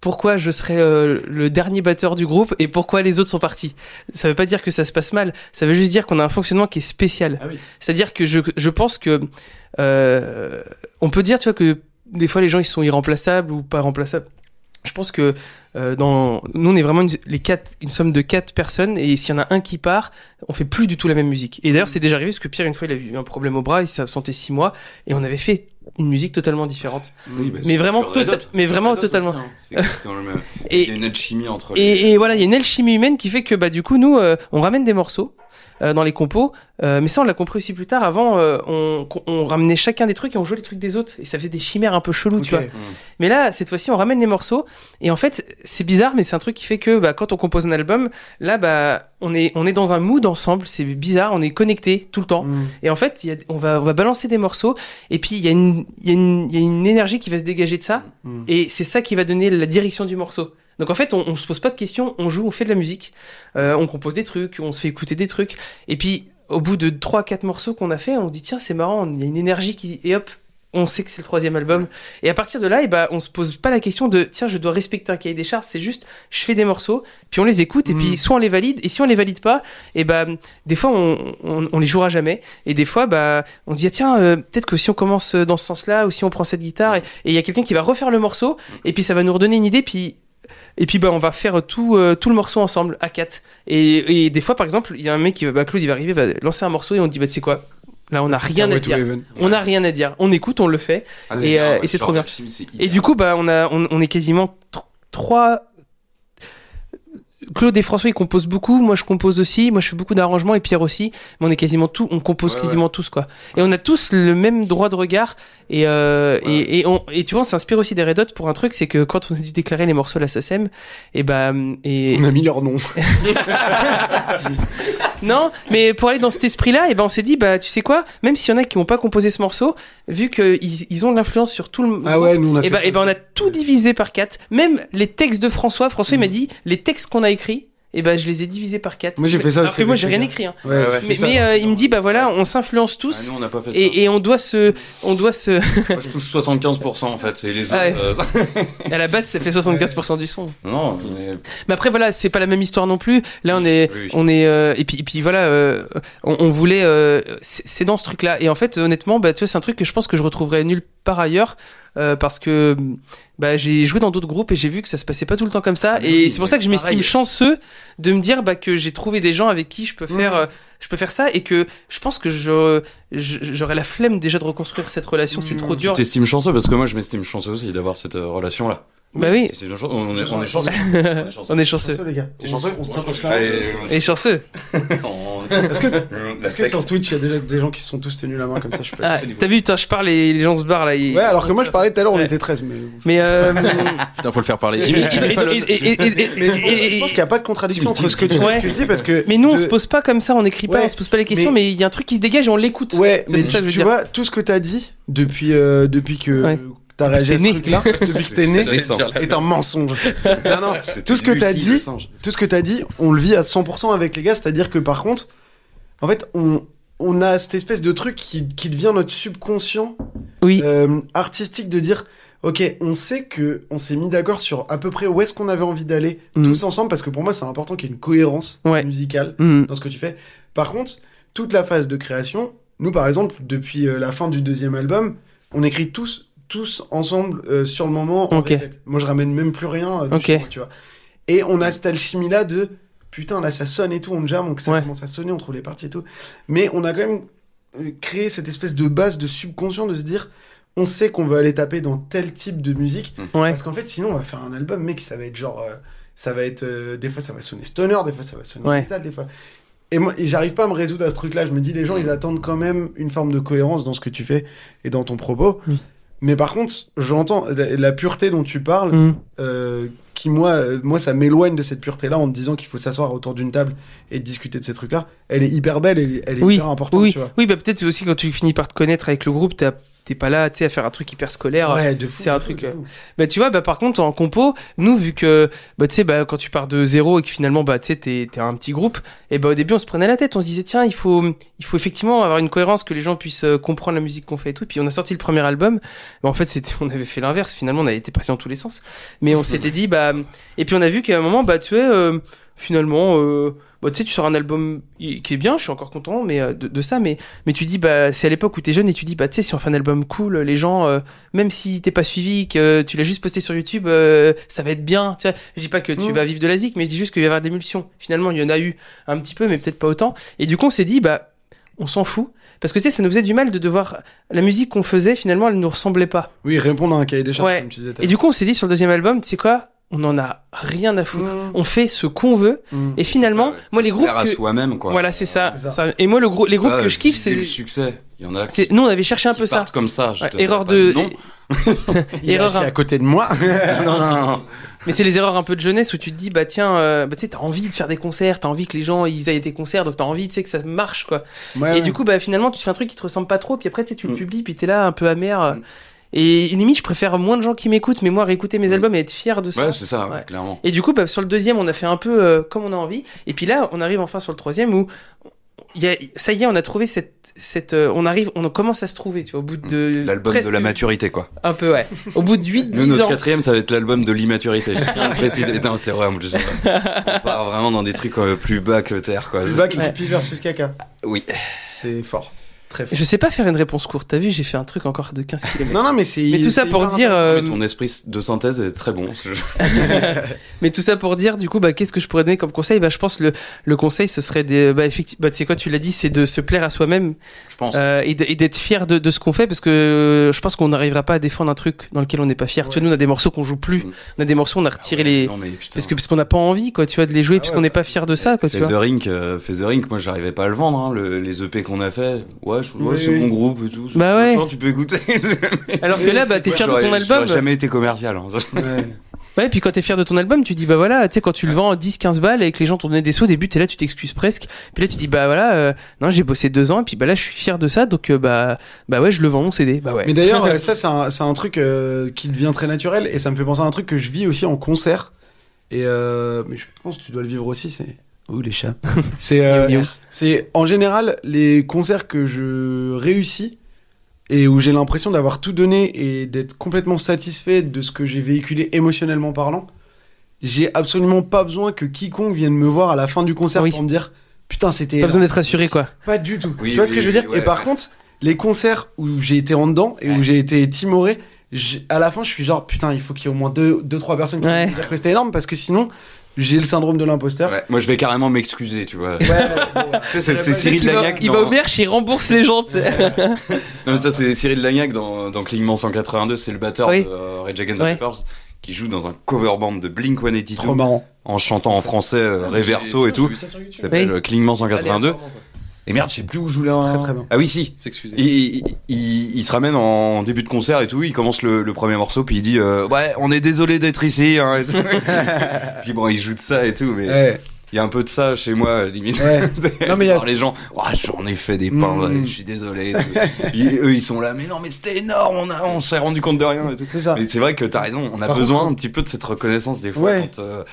[SPEAKER 1] pourquoi je serais euh, le dernier batteur du groupe et pourquoi les autres sont partis. Ça veut pas dire que ça se passe mal, ça veut juste dire qu'on a un fonctionnement qui est spécial.
[SPEAKER 4] Ah oui.
[SPEAKER 1] C'est-à-dire que je, je pense que euh, on peut dire tu vois que des fois les gens ils sont irremplaçables ou pas remplaçables. Je pense que euh, dans nous on est vraiment une, les quatre une somme de quatre personnes et s'il y en a un qui part, on fait plus du tout la même musique. Et d'ailleurs c'est déjà arrivé parce que Pierre une fois il a eu un problème au bras, il s'est absenté six mois et on avait fait une musique totalement différente.
[SPEAKER 3] Oui, bah,
[SPEAKER 1] Mais
[SPEAKER 3] c'est
[SPEAKER 1] vraiment,
[SPEAKER 3] le Red
[SPEAKER 1] tota-
[SPEAKER 3] Hot.
[SPEAKER 1] mais vraiment
[SPEAKER 3] Red Hot
[SPEAKER 1] totalement.
[SPEAKER 3] aussi, hein. C'est exactement le même. Il y a
[SPEAKER 1] Et,
[SPEAKER 3] une alchimie entre les.
[SPEAKER 1] et, et voilà, il y a une alchimie humaine qui fait que bah du coup nous euh, on ramène des morceaux euh, dans les compos, euh, mais ça on l'a compris aussi plus tard. Avant euh, on, qu'on- on ramenait chacun des trucs et on jouait les trucs des autres et ça faisait des chimères un peu chelous, tu
[SPEAKER 4] Ok.
[SPEAKER 1] vois. Mais là cette fois-ci on ramène les morceaux et en fait c'est bizarre mais c'est un truc qui fait que bah quand on compose un album là bah on est on est dans un mood ensemble, c'est bizarre, on est connecté tout le temps.
[SPEAKER 4] Mm.
[SPEAKER 1] Et en fait, il y a- on, va, on va balancer des morceaux, et puis il y, a une- il y, a une- il y a une énergie qui va se dégager de ça,
[SPEAKER 4] Mm.
[SPEAKER 1] et c'est ça qui va donner la direction du morceau. Donc en fait, on, on se pose pas de questions, on joue, on fait de la musique, euh, on compose des trucs, on se fait écouter des trucs, et puis au bout de 3-4 morceaux qu'on a fait, on dit tiens, c'est marrant, il y a une énergie qui. Et hop, on sait que c'est le troisième album. Et à partir de là, eh ben, on se pose pas la question de tiens, je dois respecter un cahier des charges, c'est juste, je fais des morceaux, puis on les écoute, et
[SPEAKER 4] Mm.
[SPEAKER 1] puis soit on les valide, et si on les valide pas, et ben, des fois, on, on, on les jouera jamais. Et des fois, bah, on dit, ah, tiens, euh, peut-être que si on commence euh, dans ce sens-là, ou si on prend cette guitare, et et il y a quelqu'un qui va refaire le morceau, et puis ça va nous redonner une idée, puis, et puis, bah, on va faire tout, euh, tout le morceau ensemble, à quatre. Et, et des fois, par exemple, il y a un mec qui va, bah, Claude, il va arriver, va lancer un morceau, et on dit, bah, tu sais quoi? Là, on n'a
[SPEAKER 4] Sister
[SPEAKER 1] rien à
[SPEAKER 4] Way to
[SPEAKER 1] dire.
[SPEAKER 4] Heaven.
[SPEAKER 1] On n'a rien à dire. On écoute, on le fait.
[SPEAKER 3] Ah, c'est
[SPEAKER 1] et,
[SPEAKER 3] bien,
[SPEAKER 1] euh,
[SPEAKER 3] ouais,
[SPEAKER 1] et c'est
[SPEAKER 3] genre
[SPEAKER 1] trop bien.
[SPEAKER 3] d'alchimie, c'est
[SPEAKER 1] Et
[SPEAKER 3] hyper-
[SPEAKER 1] du coup, bah, on a, on, on est quasiment tr- trois. Claude et François, ils composent beaucoup. Moi, je compose aussi. Moi, je fais beaucoup d'arrangements et Pierre aussi. Mais on est quasiment tous, on compose
[SPEAKER 3] Ouais,
[SPEAKER 1] quasiment tous, quoi. Et on a tous le même droit de regard. Et, euh,
[SPEAKER 3] Ouais.
[SPEAKER 1] et, et, on, et tu vois, on s'inspire aussi des Red Hot pour un truc, c'est que quand on a dû déclarer les morceaux à la SACEM, et bah, et,
[SPEAKER 4] On a mis leur nom.
[SPEAKER 1] non, mais pour aller dans cet esprit-là, eh ben on s'est dit, bah tu sais quoi, même s'il y en a qui n'ont pas composé ce morceau, vu qu'ils ils ont de l'influence sur tout le
[SPEAKER 4] Ah ouais, nous on a
[SPEAKER 1] et
[SPEAKER 4] fait
[SPEAKER 1] ben,
[SPEAKER 4] ça
[SPEAKER 1] eh ben, on a
[SPEAKER 4] aussi.
[SPEAKER 1] tout divisé par quatre. Même les textes de François, François il m'a dit, les textes qu'on a écrits, et ben je les ai divisés par quatre.
[SPEAKER 4] Mm. Moi, j'ai fait ça
[SPEAKER 1] Alors
[SPEAKER 4] aussi
[SPEAKER 1] que moi
[SPEAKER 4] avec
[SPEAKER 1] j'ai rien
[SPEAKER 4] Julien.
[SPEAKER 1] écrit. hein.
[SPEAKER 4] Ouais,
[SPEAKER 3] Ouais,
[SPEAKER 4] j'ai
[SPEAKER 1] Mais,
[SPEAKER 4] fait ça.
[SPEAKER 1] mais, euh, il me dit, bah voilà, on s'influence
[SPEAKER 3] Ah,
[SPEAKER 1] tous.
[SPEAKER 3] nous, on n'a pas fait ça.
[SPEAKER 1] Et, et on doit se, on doit se,
[SPEAKER 3] Moi, je touche 75% en fait. Et les autres.
[SPEAKER 1] Ah ouais.
[SPEAKER 3] euh, ça-
[SPEAKER 1] à la base, ça fait 75% du son.
[SPEAKER 3] Non, mais
[SPEAKER 1] Mais après voilà, c'est pas la même histoire non plus. Là on est
[SPEAKER 3] Oui, oui.
[SPEAKER 1] on est euh, et puis et puis voilà, euh, on, on voulait euh, c'est c'est dans ce truc là. Et en fait honnêtement, bah tu vois c'est un truc que je pense que je retrouverais nulle part ailleurs euh, parce que bah j'ai joué dans d'autres groupes et j'ai vu que ça se passait pas tout le temps comme ça.
[SPEAKER 3] Mais
[SPEAKER 1] et
[SPEAKER 3] oui,
[SPEAKER 1] c'est pour ça que je m'estime
[SPEAKER 3] pareil.
[SPEAKER 1] chanceux de me dire bah que j'ai trouvé des gens avec qui je peux
[SPEAKER 3] Mmh.
[SPEAKER 1] faire euh, je peux faire ça et que je pense que je je- j'aurais la flemme déjà de reconstruire cette relation. C'est trop
[SPEAKER 3] Mmh. tu
[SPEAKER 1] dur.
[SPEAKER 3] t'estimes chanceux parce que moi, je m'estime chanceux aussi d'avoir cette euh, relation là.
[SPEAKER 1] Bah oui,
[SPEAKER 3] C'est une chance- On est on est chanceux.
[SPEAKER 1] on est chanceux.
[SPEAKER 4] les gars.
[SPEAKER 3] T'es chanceux
[SPEAKER 4] On se tient
[SPEAKER 3] Moi,
[SPEAKER 4] pour
[SPEAKER 3] je
[SPEAKER 4] ça.
[SPEAKER 3] suis
[SPEAKER 4] Est-ce
[SPEAKER 3] chanceux.
[SPEAKER 1] Et chanceux.
[SPEAKER 3] On-
[SPEAKER 4] que,
[SPEAKER 3] La
[SPEAKER 4] est-ce que
[SPEAKER 3] secte.
[SPEAKER 4] sur Twitch, il y a déjà des gens qui se sont tous tenus la main comme ça, je sais pas.
[SPEAKER 1] Ah, T'as vu, putain, je parle et les gens se barrent là. ils-
[SPEAKER 4] Ouais, alors que
[SPEAKER 1] ils
[SPEAKER 4] moi,
[SPEAKER 1] se
[SPEAKER 4] je parlais tout à l'heure, on
[SPEAKER 1] Ouais.
[SPEAKER 4] était 13, mais.
[SPEAKER 1] Mais euh,
[SPEAKER 2] Putain, faut le faire parler.
[SPEAKER 1] et-
[SPEAKER 2] Jimmy-
[SPEAKER 1] et-
[SPEAKER 2] Jimmy Fallon.
[SPEAKER 1] et- et- et- et- et- et-
[SPEAKER 4] Je pense qu'il n'y a pas de contradiction entre ce que tu dis et
[SPEAKER 1] Ouais.
[SPEAKER 4] ce que je dis parce que.
[SPEAKER 1] mais nous, on
[SPEAKER 4] de-
[SPEAKER 1] se pose pas comme ça, on écrit pas,
[SPEAKER 4] Ouais,
[SPEAKER 1] on se pose pas les questions,
[SPEAKER 4] mais-
[SPEAKER 1] mais il y a un truc qui se dégage et on l'écoute.
[SPEAKER 4] Ouais,
[SPEAKER 1] C'est
[SPEAKER 4] mais
[SPEAKER 1] ça que je veux
[SPEAKER 4] tu
[SPEAKER 1] dire.
[SPEAKER 4] vois, tout ce que t'as dit depuis, euh, depuis que
[SPEAKER 1] Ouais.
[SPEAKER 4] euh, t'as réagi à ce
[SPEAKER 1] t'es né.
[SPEAKER 4] truc-là, depuis que t'es né, est un mensonge. non, non, tout ce que t'as dit, tout ce que t'as dit, on le vit à 100% avec les gars, c'est-à-dire que par contre, en fait, on, on a cette espèce de truc qui, qui devient notre subconscient
[SPEAKER 1] Oui.
[SPEAKER 4] euh, artistique de dire, ok, on sait que on s'est mis d'accord sur à peu près où est-ce qu'on avait envie d'aller
[SPEAKER 1] Mhm.
[SPEAKER 4] tous ensemble, parce que pour moi, c'est important qu'il y ait une cohérence
[SPEAKER 1] Ouais.
[SPEAKER 4] musicale
[SPEAKER 1] Mhm.
[SPEAKER 4] dans ce que tu fais. Par contre, toute la phase de création, nous par exemple, depuis euh, la fin du deuxième album, on écrit tous, tous ensemble euh, sur le moment. en
[SPEAKER 1] Ok.
[SPEAKER 4] répète. Moi, je ramène même plus rien. euh, de
[SPEAKER 1] Ok.
[SPEAKER 4] chez moi, tu vois. Et on a cette alchimie là de putain, là ça sonne et tout, on jam, donc ça
[SPEAKER 1] Ouais.
[SPEAKER 4] commence à sonner, on trouve les parties et tout. Mais on a quand même euh, créé cette espèce de base de subconscient de se dire, on sait qu'on va aller taper dans tel type de musique.
[SPEAKER 1] Ouais.
[SPEAKER 4] Parce qu'en fait, sinon, on va faire un album, mec, ça va être genre. euh, ça va être. euh, des fois, ça va sonner stoner, des fois, ça va sonner
[SPEAKER 1] Ouais.
[SPEAKER 4] metal, des fois. Et moi, et j'arrive pas à me résoudre à ce truc-là. Je me dis, les gens, ils attendent quand même une forme de cohérence dans ce que tu fais et dans ton propos.
[SPEAKER 1] Mm.
[SPEAKER 4] Mais par contre, j'entends la, la pureté dont tu parles,
[SPEAKER 1] Mm.
[SPEAKER 4] euh, qui, moi, euh, moi ça m'éloigne de cette pureté-là en me disant qu'il faut s'asseoir autour d'une table et discuter de ces trucs-là. Elle est hyper belle, elle, est- elle est
[SPEAKER 1] Oui,
[SPEAKER 4] hyper importante,
[SPEAKER 1] oui,
[SPEAKER 4] tu vois.
[SPEAKER 1] oui, bah peut-être aussi quand tu finis par te connaître avec le groupe, t'as- t'es pas là, tu sais, à faire un truc hyper scolaire.
[SPEAKER 4] Ouais, de fou,
[SPEAKER 1] c'est un
[SPEAKER 4] de fou,
[SPEAKER 1] truc,
[SPEAKER 4] de
[SPEAKER 1] euh,
[SPEAKER 4] fou.
[SPEAKER 1] Bah tu vois, bah par contre en compo, nous vu que bah tu sais bah quand tu pars de zéro et que finalement bah tu sais t'es t'es un petit groupe, et bah au début on se prenait la tête, on se disait tiens il faut il faut effectivement avoir une cohérence que les gens puissent euh, comprendre la musique qu'on fait et tout. Puis on a sorti le premier album, mais en fait c'était on avait fait l'inverse finalement on avait été parti dans tous les sens, mais on s'était dit bah et puis on a vu qu'à un moment bah tu sais euh, finalement euh, bah, tu sais, tu sors un album i- qui est bien, je suis encore content mais, euh, de, de ça, mais, mais tu dis, bah, c'est à l'époque où t'es jeune et tu dis, bah, tu sais, si on fait un album cool, les gens, euh, même si t'es pas suivi, que tu l'as juste posté sur YouTube, euh, ça va être bien. Tu vois, je dis pas que tu
[SPEAKER 4] Mm.
[SPEAKER 1] vas vivre de la zik, mais je dis juste qu'il va y avoir de l'émulsion. Finalement, il y en a eu un petit peu, mais peut-être pas autant. Et du coup, on s'est dit, bah, on s'en fout. Parce que tu sais, ça nous faisait du mal de devoir. La musique qu'on faisait, finalement, elle nous ressemblait pas.
[SPEAKER 4] Oui, répondre à un cahier des charges,
[SPEAKER 1] Ouais.
[SPEAKER 4] comme tu disais. tout à
[SPEAKER 1] Et du coup, on s'est dit sur le deuxième album, tu sais quoi On en a rien à foutre.
[SPEAKER 4] l'heure.
[SPEAKER 1] On fait ce qu'on veut.
[SPEAKER 4] Mm.
[SPEAKER 1] Et finalement,
[SPEAKER 3] ouais.
[SPEAKER 1] moi, les groupes.
[SPEAKER 3] Plaire à
[SPEAKER 1] que-
[SPEAKER 3] soi-même, quoi.
[SPEAKER 1] Voilà, c'est ça,
[SPEAKER 4] C'est ça.
[SPEAKER 1] ça. Et moi, le gros, les groupes
[SPEAKER 3] Ah,
[SPEAKER 1] que je kiffe,
[SPEAKER 3] viser
[SPEAKER 1] c'est.
[SPEAKER 3] le succès. Il y en a qui
[SPEAKER 1] c'est- Nous, on avait cherché un peu ça.
[SPEAKER 3] partent comme ça. je
[SPEAKER 1] Ouais,
[SPEAKER 3] te-
[SPEAKER 1] erreur
[SPEAKER 3] pas
[SPEAKER 1] de.
[SPEAKER 3] nom.
[SPEAKER 4] Il est
[SPEAKER 1] erreur
[SPEAKER 4] assis
[SPEAKER 1] un-
[SPEAKER 4] à côté de moi.
[SPEAKER 3] non, non, non.
[SPEAKER 1] Mais c'est les erreurs un peu de jeunesse où tu te dis, bah tiens, euh, bah, tu sais, t'as envie de faire des concerts, t'as envie que les gens ils aillent à des concerts, donc t'as envie, tu sais, que ça marche, quoi.
[SPEAKER 4] Ouais,
[SPEAKER 1] et
[SPEAKER 4] ouais.
[SPEAKER 1] du coup, bah finalement, tu te fais un truc qui te ressemble pas trop, puis après, tu sais, tu le
[SPEAKER 3] Mm.
[SPEAKER 1] publies, puis t'es là un peu amer. euh,
[SPEAKER 3] Mm.
[SPEAKER 1] Et limite, je préfère moins de gens qui m'écoutent, mais moi, réécouter mes
[SPEAKER 3] Oui.
[SPEAKER 1] albums et être fier de ça.
[SPEAKER 3] Ouais, c'est ça, ouais,
[SPEAKER 1] Ouais.
[SPEAKER 3] clairement.
[SPEAKER 1] Et du coup, bah, sur le deuxième, on a fait un peu euh, comme on a envie. Et puis là, on arrive enfin sur le troisième où il y a, ça y est, on a trouvé cette, cette, euh, on arrive, on commence à se trouver. Tu vois, au bout de
[SPEAKER 3] Mm. L'album de la
[SPEAKER 1] presque-
[SPEAKER 3] maturité, quoi.
[SPEAKER 1] Un peu, ouais. Au bout de 8
[SPEAKER 3] Nous,
[SPEAKER 1] 10
[SPEAKER 3] notre
[SPEAKER 1] ans.
[SPEAKER 3] quatrième, ça va être l'album de l'immaturité. Je tiens à le préciser. Non, c'est vrai, je sais pas. On part vraiment dans des trucs euh, plus bas que terre, quoi.
[SPEAKER 4] Zach
[SPEAKER 1] Ouais.
[SPEAKER 4] Hippie versus Kaka.
[SPEAKER 3] Oui.
[SPEAKER 4] C'est fort. Très fort.
[SPEAKER 1] Je sais pas faire une réponse courte. T'as vu, j'ai fait un truc encore de 15 km.
[SPEAKER 4] Non, non, mais c'est.
[SPEAKER 1] Mais tout ça
[SPEAKER 4] c'est
[SPEAKER 1] pour
[SPEAKER 4] hyper
[SPEAKER 1] dire, euh,
[SPEAKER 3] Mais ton esprit de synthèse est très bon. Je-
[SPEAKER 1] mais tout ça pour dire, du coup, bah, qu'est-ce que je pourrais donner comme conseil? Bah, je pense le, le conseil, ce serait des, bah, effectivement, bah, tu sais quoi, tu l'as dit, c'est de se plaire à soi-même,
[SPEAKER 3] Je pense.
[SPEAKER 1] euh, et de- et d'être fier de, de ce qu'on fait, parce que euh, je pense qu'on n'arrivera pas à défendre un truc dans lequel on n'est pas fier. Tu vois, nous, on a des morceaux qu'on joue plus.
[SPEAKER 3] Mm.
[SPEAKER 1] On a des morceaux, on a retiré les,
[SPEAKER 3] Non, mais putain.
[SPEAKER 1] parce que, parce qu'on n'a pas envie, quoi, tu vois, de les jouer,
[SPEAKER 4] Ah
[SPEAKER 1] puisqu'on
[SPEAKER 4] ouais,
[SPEAKER 1] n'est pas fier de ça, quoi, tu
[SPEAKER 3] Fais the
[SPEAKER 1] vois.
[SPEAKER 3] Ring, euh, Fais the Ring, moi j'arrivais pas à le vendre, hein, le- les EP qu'on a fait. Ouais, je- ouais,
[SPEAKER 4] Oui,
[SPEAKER 3] c'est
[SPEAKER 4] oui.
[SPEAKER 3] mon groupe et tout.
[SPEAKER 1] Bah ouais.
[SPEAKER 3] Tu vois, Tu peux écouter.
[SPEAKER 1] Alors que là, bah, t'es
[SPEAKER 3] Moi,
[SPEAKER 1] fier de
[SPEAKER 3] j'aurais-
[SPEAKER 1] ton album.
[SPEAKER 3] J'aurais jamais été commercial. hein.
[SPEAKER 1] euh,
[SPEAKER 4] Ouais.
[SPEAKER 1] Ouais, puis quand t'es fier de ton album, tu dis bah voilà, tu sais quand tu le vends 10-15 balles et que les gens t'ont donné des sous, au début t'es là, tu t'excuses presque. Puis là tu dis bah voilà, euh, non j'ai bossé deux ans et puis bah là je suis fier de ça, donc euh, bah bah ouais je le vends mon CD. Bah ouais.
[SPEAKER 4] Mais d'ailleurs, euh, ça, c'est un, c'est un truc euh, qui devient très naturel et ça me fait penser à un truc que je vis aussi en concert. Et euh, mais je pense que tu dois le vivre aussi, c'est. Ouh, les chats. c'est. euh,
[SPEAKER 1] Miaou, miaou.
[SPEAKER 4] c'est en général les concerts que je réussis et où j'ai l'impression d'avoir tout donné et d'être complètement satisfait de ce que j'ai véhiculé émotionnellement parlant. J'ai absolument pas besoin que quiconque vienne me voir à la fin du concert
[SPEAKER 1] Oui.
[SPEAKER 4] pour me dire putain, c'était.
[SPEAKER 1] Pas besoin d'être assuré quoi.
[SPEAKER 4] Pas du tout.
[SPEAKER 3] Oui,
[SPEAKER 4] tu vois ce
[SPEAKER 3] oui,
[SPEAKER 4] que je veux
[SPEAKER 3] oui,
[SPEAKER 4] dire
[SPEAKER 3] ouais,
[SPEAKER 4] Et par
[SPEAKER 3] ouais.
[SPEAKER 4] contre, les concerts où j'ai été en dedans et où j'ai été timoré, j'ai- à la fin, je suis genre putain, il faut qu'il y ait au moins deux, deux trois personnes qui
[SPEAKER 1] Ouais.
[SPEAKER 4] me disent que c'était énorme parce que sinon, j'ai le syndrome de l'imposteur.
[SPEAKER 3] Ouais, Moi je vais carrément m'excuser, tu vois.
[SPEAKER 4] Ouais, ouais, ouais.
[SPEAKER 3] Tu sais, c'est c'est
[SPEAKER 1] Le mec,
[SPEAKER 3] Cyril
[SPEAKER 1] Bah, il va-
[SPEAKER 3] Lagnac.
[SPEAKER 1] Il
[SPEAKER 3] dans-
[SPEAKER 1] va au merch, il rembourse les gens. tu sais.
[SPEAKER 3] Non, mais ça, c'est Cyril Lagnac dans, dans Clignement 182. C'est le batteur
[SPEAKER 1] Oui.
[SPEAKER 3] de euh, Rage Against
[SPEAKER 1] Ouais.
[SPEAKER 3] the Peppers qui joue dans un cover band de Blink 182
[SPEAKER 4] Trop marrant.
[SPEAKER 3] en chantant en français euh, Reverso et tout. Ça s'appelle
[SPEAKER 1] Oui.
[SPEAKER 3] euh, Clignement 182. Et merde, je sais plus où je joue là.
[SPEAKER 4] C'est très, très bien.
[SPEAKER 3] Ah oui, si.
[SPEAKER 2] S'excuser.
[SPEAKER 3] Il, il- il- il se ramène en début de concert et tout. Il commence le, le premier morceau, puis il dit euh, Ouais, on est désolé d'être ici. hein, et tout. puis bon, il joue de ça et tout, mais il
[SPEAKER 4] Ouais,
[SPEAKER 3] y a un peu de ça chez moi, limite.
[SPEAKER 4] ouais. Non, mais il y a-
[SPEAKER 3] Voir les gens, Oh, j'en ai fait des pains,
[SPEAKER 4] Mm.
[SPEAKER 3] ouais, je suis désolé. et tout. Puis eux, ils sont là, mais non, mais c'était énorme, on, a- on s'est rendu compte de rien et tout.
[SPEAKER 4] C'est ça.
[SPEAKER 3] Mais c'est vrai que t'as raison, on a
[SPEAKER 4] Par
[SPEAKER 3] besoin un petit peu de cette reconnaissance des fois
[SPEAKER 4] Ouais.
[SPEAKER 3] quand, euh,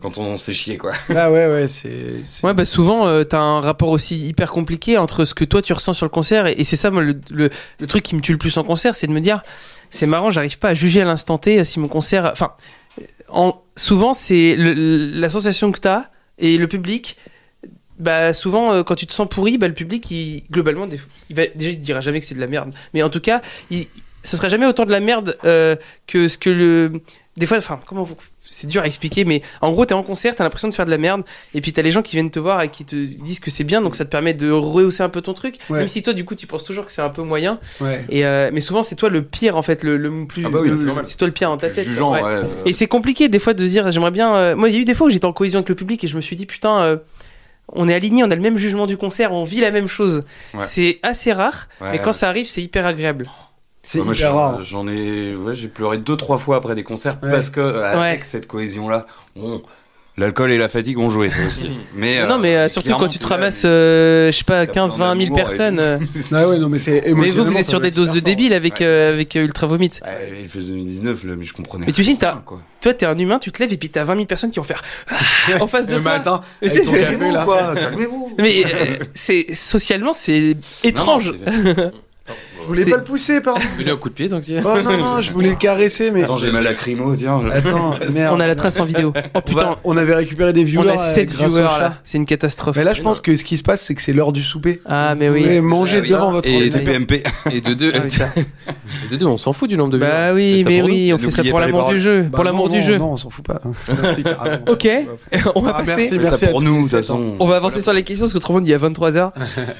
[SPEAKER 3] quand on s'est chié, quoi.
[SPEAKER 4] Ah ouais, ouais, c'est. c'est-
[SPEAKER 1] Ouais, bah souvent, euh, t'as un rapport aussi hyper compliqué entre ce que toi tu ressens sur le concert, et, et c'est ça, moi, le, le, le truc qui me tue le plus en concert, c'est de me dire, c'est marrant, j'arrive pas à juger à l'instant T si mon concert. Enfin, en, souvent, c'est le- le- la sensation que t'as, et le public. Bah souvent euh, quand tu te sens pourri, bah le public il, globalement des- il va déjà il te dira jamais que c'est de la merde, mais en tout cas il, ce serait jamais autant de la merde euh, que ce que le. Des fois, enfin, comment. C'est dur à expliquer, mais en gros, t'es en concert, t'as l'impression de faire de la merde, et puis t'as les gens qui viennent te voir et qui te disent que c'est bien, donc ça te permet de rehausser un peu ton truc,
[SPEAKER 4] Ouais.
[SPEAKER 1] même si toi, du coup, tu penses toujours que c'est un peu moyen.
[SPEAKER 4] Ouais.
[SPEAKER 1] Et euh, mais souvent, c'est toi le pire, en fait, le, le plus.
[SPEAKER 3] Ah bah oui,
[SPEAKER 1] le-
[SPEAKER 3] c'est normal.
[SPEAKER 1] c'est toi le pire en ta tête.
[SPEAKER 3] Jugeant,
[SPEAKER 1] Ouais.
[SPEAKER 3] ouais. euh,
[SPEAKER 1] Et c'est compliqué des fois de se dire j'aimerais bien. euh, Moi, il y a eu des fois où j'étais en cohésion avec le public et je me suis dit putain, euh, on est aligné, on a le même jugement du concert, on vit la même chose.
[SPEAKER 3] Ouais.
[SPEAKER 1] C'est assez rare,
[SPEAKER 3] ouais.
[SPEAKER 1] mais quand ça arrive, c'est hyper agréable.
[SPEAKER 4] C'est
[SPEAKER 3] Ouais, Bah, moi,
[SPEAKER 4] hyper
[SPEAKER 3] je-
[SPEAKER 4] rare.
[SPEAKER 3] J'en ai, ouais, j'ai pleuré deux trois fois après des concerts
[SPEAKER 4] Ouais.
[SPEAKER 3] parce que euh, avec
[SPEAKER 1] Ouais.
[SPEAKER 3] cette cohésion là, bon, l'alcool et la fatigue ont joué aussi. mais
[SPEAKER 1] non, mais euh, surtout quand tu te ramasses, euh, je sais pas, 15-20 000 personnes. euh,
[SPEAKER 4] Ah ouais, non, mais
[SPEAKER 1] mais
[SPEAKER 4] c'est
[SPEAKER 1] vous, vous
[SPEAKER 4] émotionnellement,
[SPEAKER 1] êtes
[SPEAKER 4] ça
[SPEAKER 1] sur
[SPEAKER 4] doit
[SPEAKER 1] des
[SPEAKER 4] être
[SPEAKER 1] doses de
[SPEAKER 4] hyper fort.
[SPEAKER 1] débile avec,
[SPEAKER 3] Ouais.
[SPEAKER 1] euh, avec euh, Ultra Vomit.
[SPEAKER 3] il fait 2019 là, mais je comprenais.
[SPEAKER 1] Mais t'imagines, t'as-
[SPEAKER 3] rien, quoi.
[SPEAKER 1] toi, t'es un humain, tu te lèves et puis t'as 20 000 personnes qui vont faire ah, en face de
[SPEAKER 4] Le
[SPEAKER 1] toi.
[SPEAKER 4] matin,
[SPEAKER 1] Et
[SPEAKER 4] avec
[SPEAKER 1] tu
[SPEAKER 4] ton
[SPEAKER 1] sais,
[SPEAKER 4] café, là.
[SPEAKER 3] Calmez-vous.
[SPEAKER 1] Mais euh, c'est socialement, c'est étrange.
[SPEAKER 3] Non, non,
[SPEAKER 4] Je voulais
[SPEAKER 1] C'est-
[SPEAKER 4] pas le pousser, pardon.
[SPEAKER 2] Donner un coup de pied, donc tu
[SPEAKER 4] Oh non, non, je voulais le caresser,
[SPEAKER 3] c'est-
[SPEAKER 4] mais.
[SPEAKER 3] Attends, j'ai ma lacrymo, tiens. là.
[SPEAKER 4] Attends, merde.
[SPEAKER 1] on a la trace en vidéo. Oh
[SPEAKER 4] On va-
[SPEAKER 1] putain,
[SPEAKER 4] On avait récupéré des
[SPEAKER 1] on
[SPEAKER 4] viewers.
[SPEAKER 1] a 7
[SPEAKER 4] euh, grâce au
[SPEAKER 1] viewers
[SPEAKER 4] chat.
[SPEAKER 1] là. C'est une catastrophe.
[SPEAKER 4] Mais là, je pense que ce qui se passe, c'est que c'est l'heure du souper.
[SPEAKER 1] Ah, mais
[SPEAKER 4] Vous
[SPEAKER 1] oui.
[SPEAKER 4] pouvez manger
[SPEAKER 3] Ah oui.
[SPEAKER 4] devant votre
[SPEAKER 2] Et-
[SPEAKER 4] ordinateur.
[SPEAKER 3] Les PMP.
[SPEAKER 2] Et de deux, euh,
[SPEAKER 1] Ah, mais ça.
[SPEAKER 2] de deux, on s'en fout du nombre de vues.
[SPEAKER 1] Bah oui,
[SPEAKER 2] C'est ça
[SPEAKER 1] mais
[SPEAKER 2] pour nous.
[SPEAKER 1] oui, on
[SPEAKER 3] Et
[SPEAKER 1] fait ça
[SPEAKER 3] n'oubliez
[SPEAKER 1] pour
[SPEAKER 3] pas les
[SPEAKER 1] l'amour du
[SPEAKER 3] paroles.
[SPEAKER 1] jeu.
[SPEAKER 4] Bah
[SPEAKER 1] pour
[SPEAKER 4] non,
[SPEAKER 1] l'amour
[SPEAKER 4] non,
[SPEAKER 1] du jeu.
[SPEAKER 4] Non, on s'en fout pas. Merci, carrément.
[SPEAKER 1] Ok, on va
[SPEAKER 4] Ah,
[SPEAKER 1] passer.
[SPEAKER 4] merci.
[SPEAKER 3] Fais ça
[SPEAKER 4] à tous
[SPEAKER 3] pour nous, de
[SPEAKER 4] les
[SPEAKER 3] toute
[SPEAKER 4] sept, hein.
[SPEAKER 3] façon.
[SPEAKER 1] On va avancer sur les questions parce qu'autrement il y a 23h.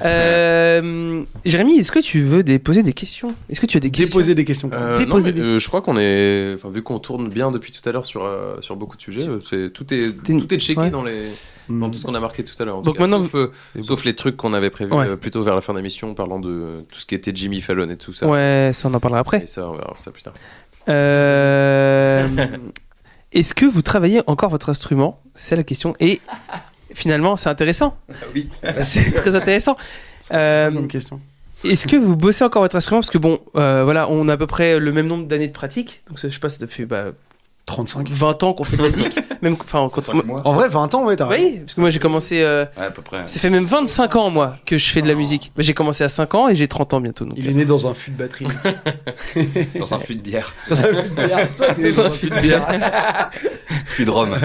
[SPEAKER 1] euh, Jérémy, est-ce que tu veux dé- poser des questions Est-ce que tu as des questions
[SPEAKER 4] Déposer des questions.
[SPEAKER 2] Euh, non,
[SPEAKER 1] Déposez
[SPEAKER 2] mais, euh, je crois qu'on est, enfin, vu qu'on tourne bien depuis tout à l'heure sur, euh, sur beaucoup de sujets, euh, c'est tout est
[SPEAKER 1] T'es-
[SPEAKER 2] tout est checké
[SPEAKER 1] ouais.
[SPEAKER 2] dans les
[SPEAKER 4] Hmm.
[SPEAKER 2] Euh, dans tout ce qu'on a marqué tout à l'heure. en
[SPEAKER 1] Donc
[SPEAKER 2] tout cas,
[SPEAKER 1] maintenant,
[SPEAKER 2] sauf, euh, sauf les trucs qu'on avait prévus
[SPEAKER 1] Ouais.
[SPEAKER 2] euh, plutôt vers la fin d'émission, parlant de euh, tout ce qui était Jimmy Fallon et tout ça.
[SPEAKER 1] Ouais, ça on en parlera après.
[SPEAKER 2] Et ça, on verra ça plus tard.
[SPEAKER 1] Euh, est-ce que vous travaillez encore votre instrument C'est la question. Et finalement, c'est intéressant.
[SPEAKER 4] Ah
[SPEAKER 3] oui.
[SPEAKER 1] C'est très intéressant.
[SPEAKER 4] C'est
[SPEAKER 1] Euh,
[SPEAKER 4] une bonne question.
[SPEAKER 1] Est-ce que vous bossez encore votre instrument Parce que bon, euh, voilà, on a à peu près le même nombre d'années de pratique. Donc ça, je sais pas, ça fait bah,
[SPEAKER 4] 35.
[SPEAKER 1] 20 ans qu'on fait de la musique. même, enfin, quand
[SPEAKER 3] Cinq mois.
[SPEAKER 4] En vrai, 20 ans, ouais, t'as raison.
[SPEAKER 1] Oui, parce que moi j'ai commencé. euh,
[SPEAKER 3] Ouais, à peu près.
[SPEAKER 1] ça fait même 25 ans moi que je fais de la musique. Mais j'ai commencé à 5 ans et j'ai 30 ans bientôt. Donc,
[SPEAKER 4] Oh. Il est né dans un fût de batterie.
[SPEAKER 3] Dans un fût de bière,
[SPEAKER 4] dans un fût de bière. Toi, t'es né
[SPEAKER 1] Dans un
[SPEAKER 4] dans un
[SPEAKER 1] fût
[SPEAKER 4] fût
[SPEAKER 1] de
[SPEAKER 4] de bière.
[SPEAKER 3] fût de rhum.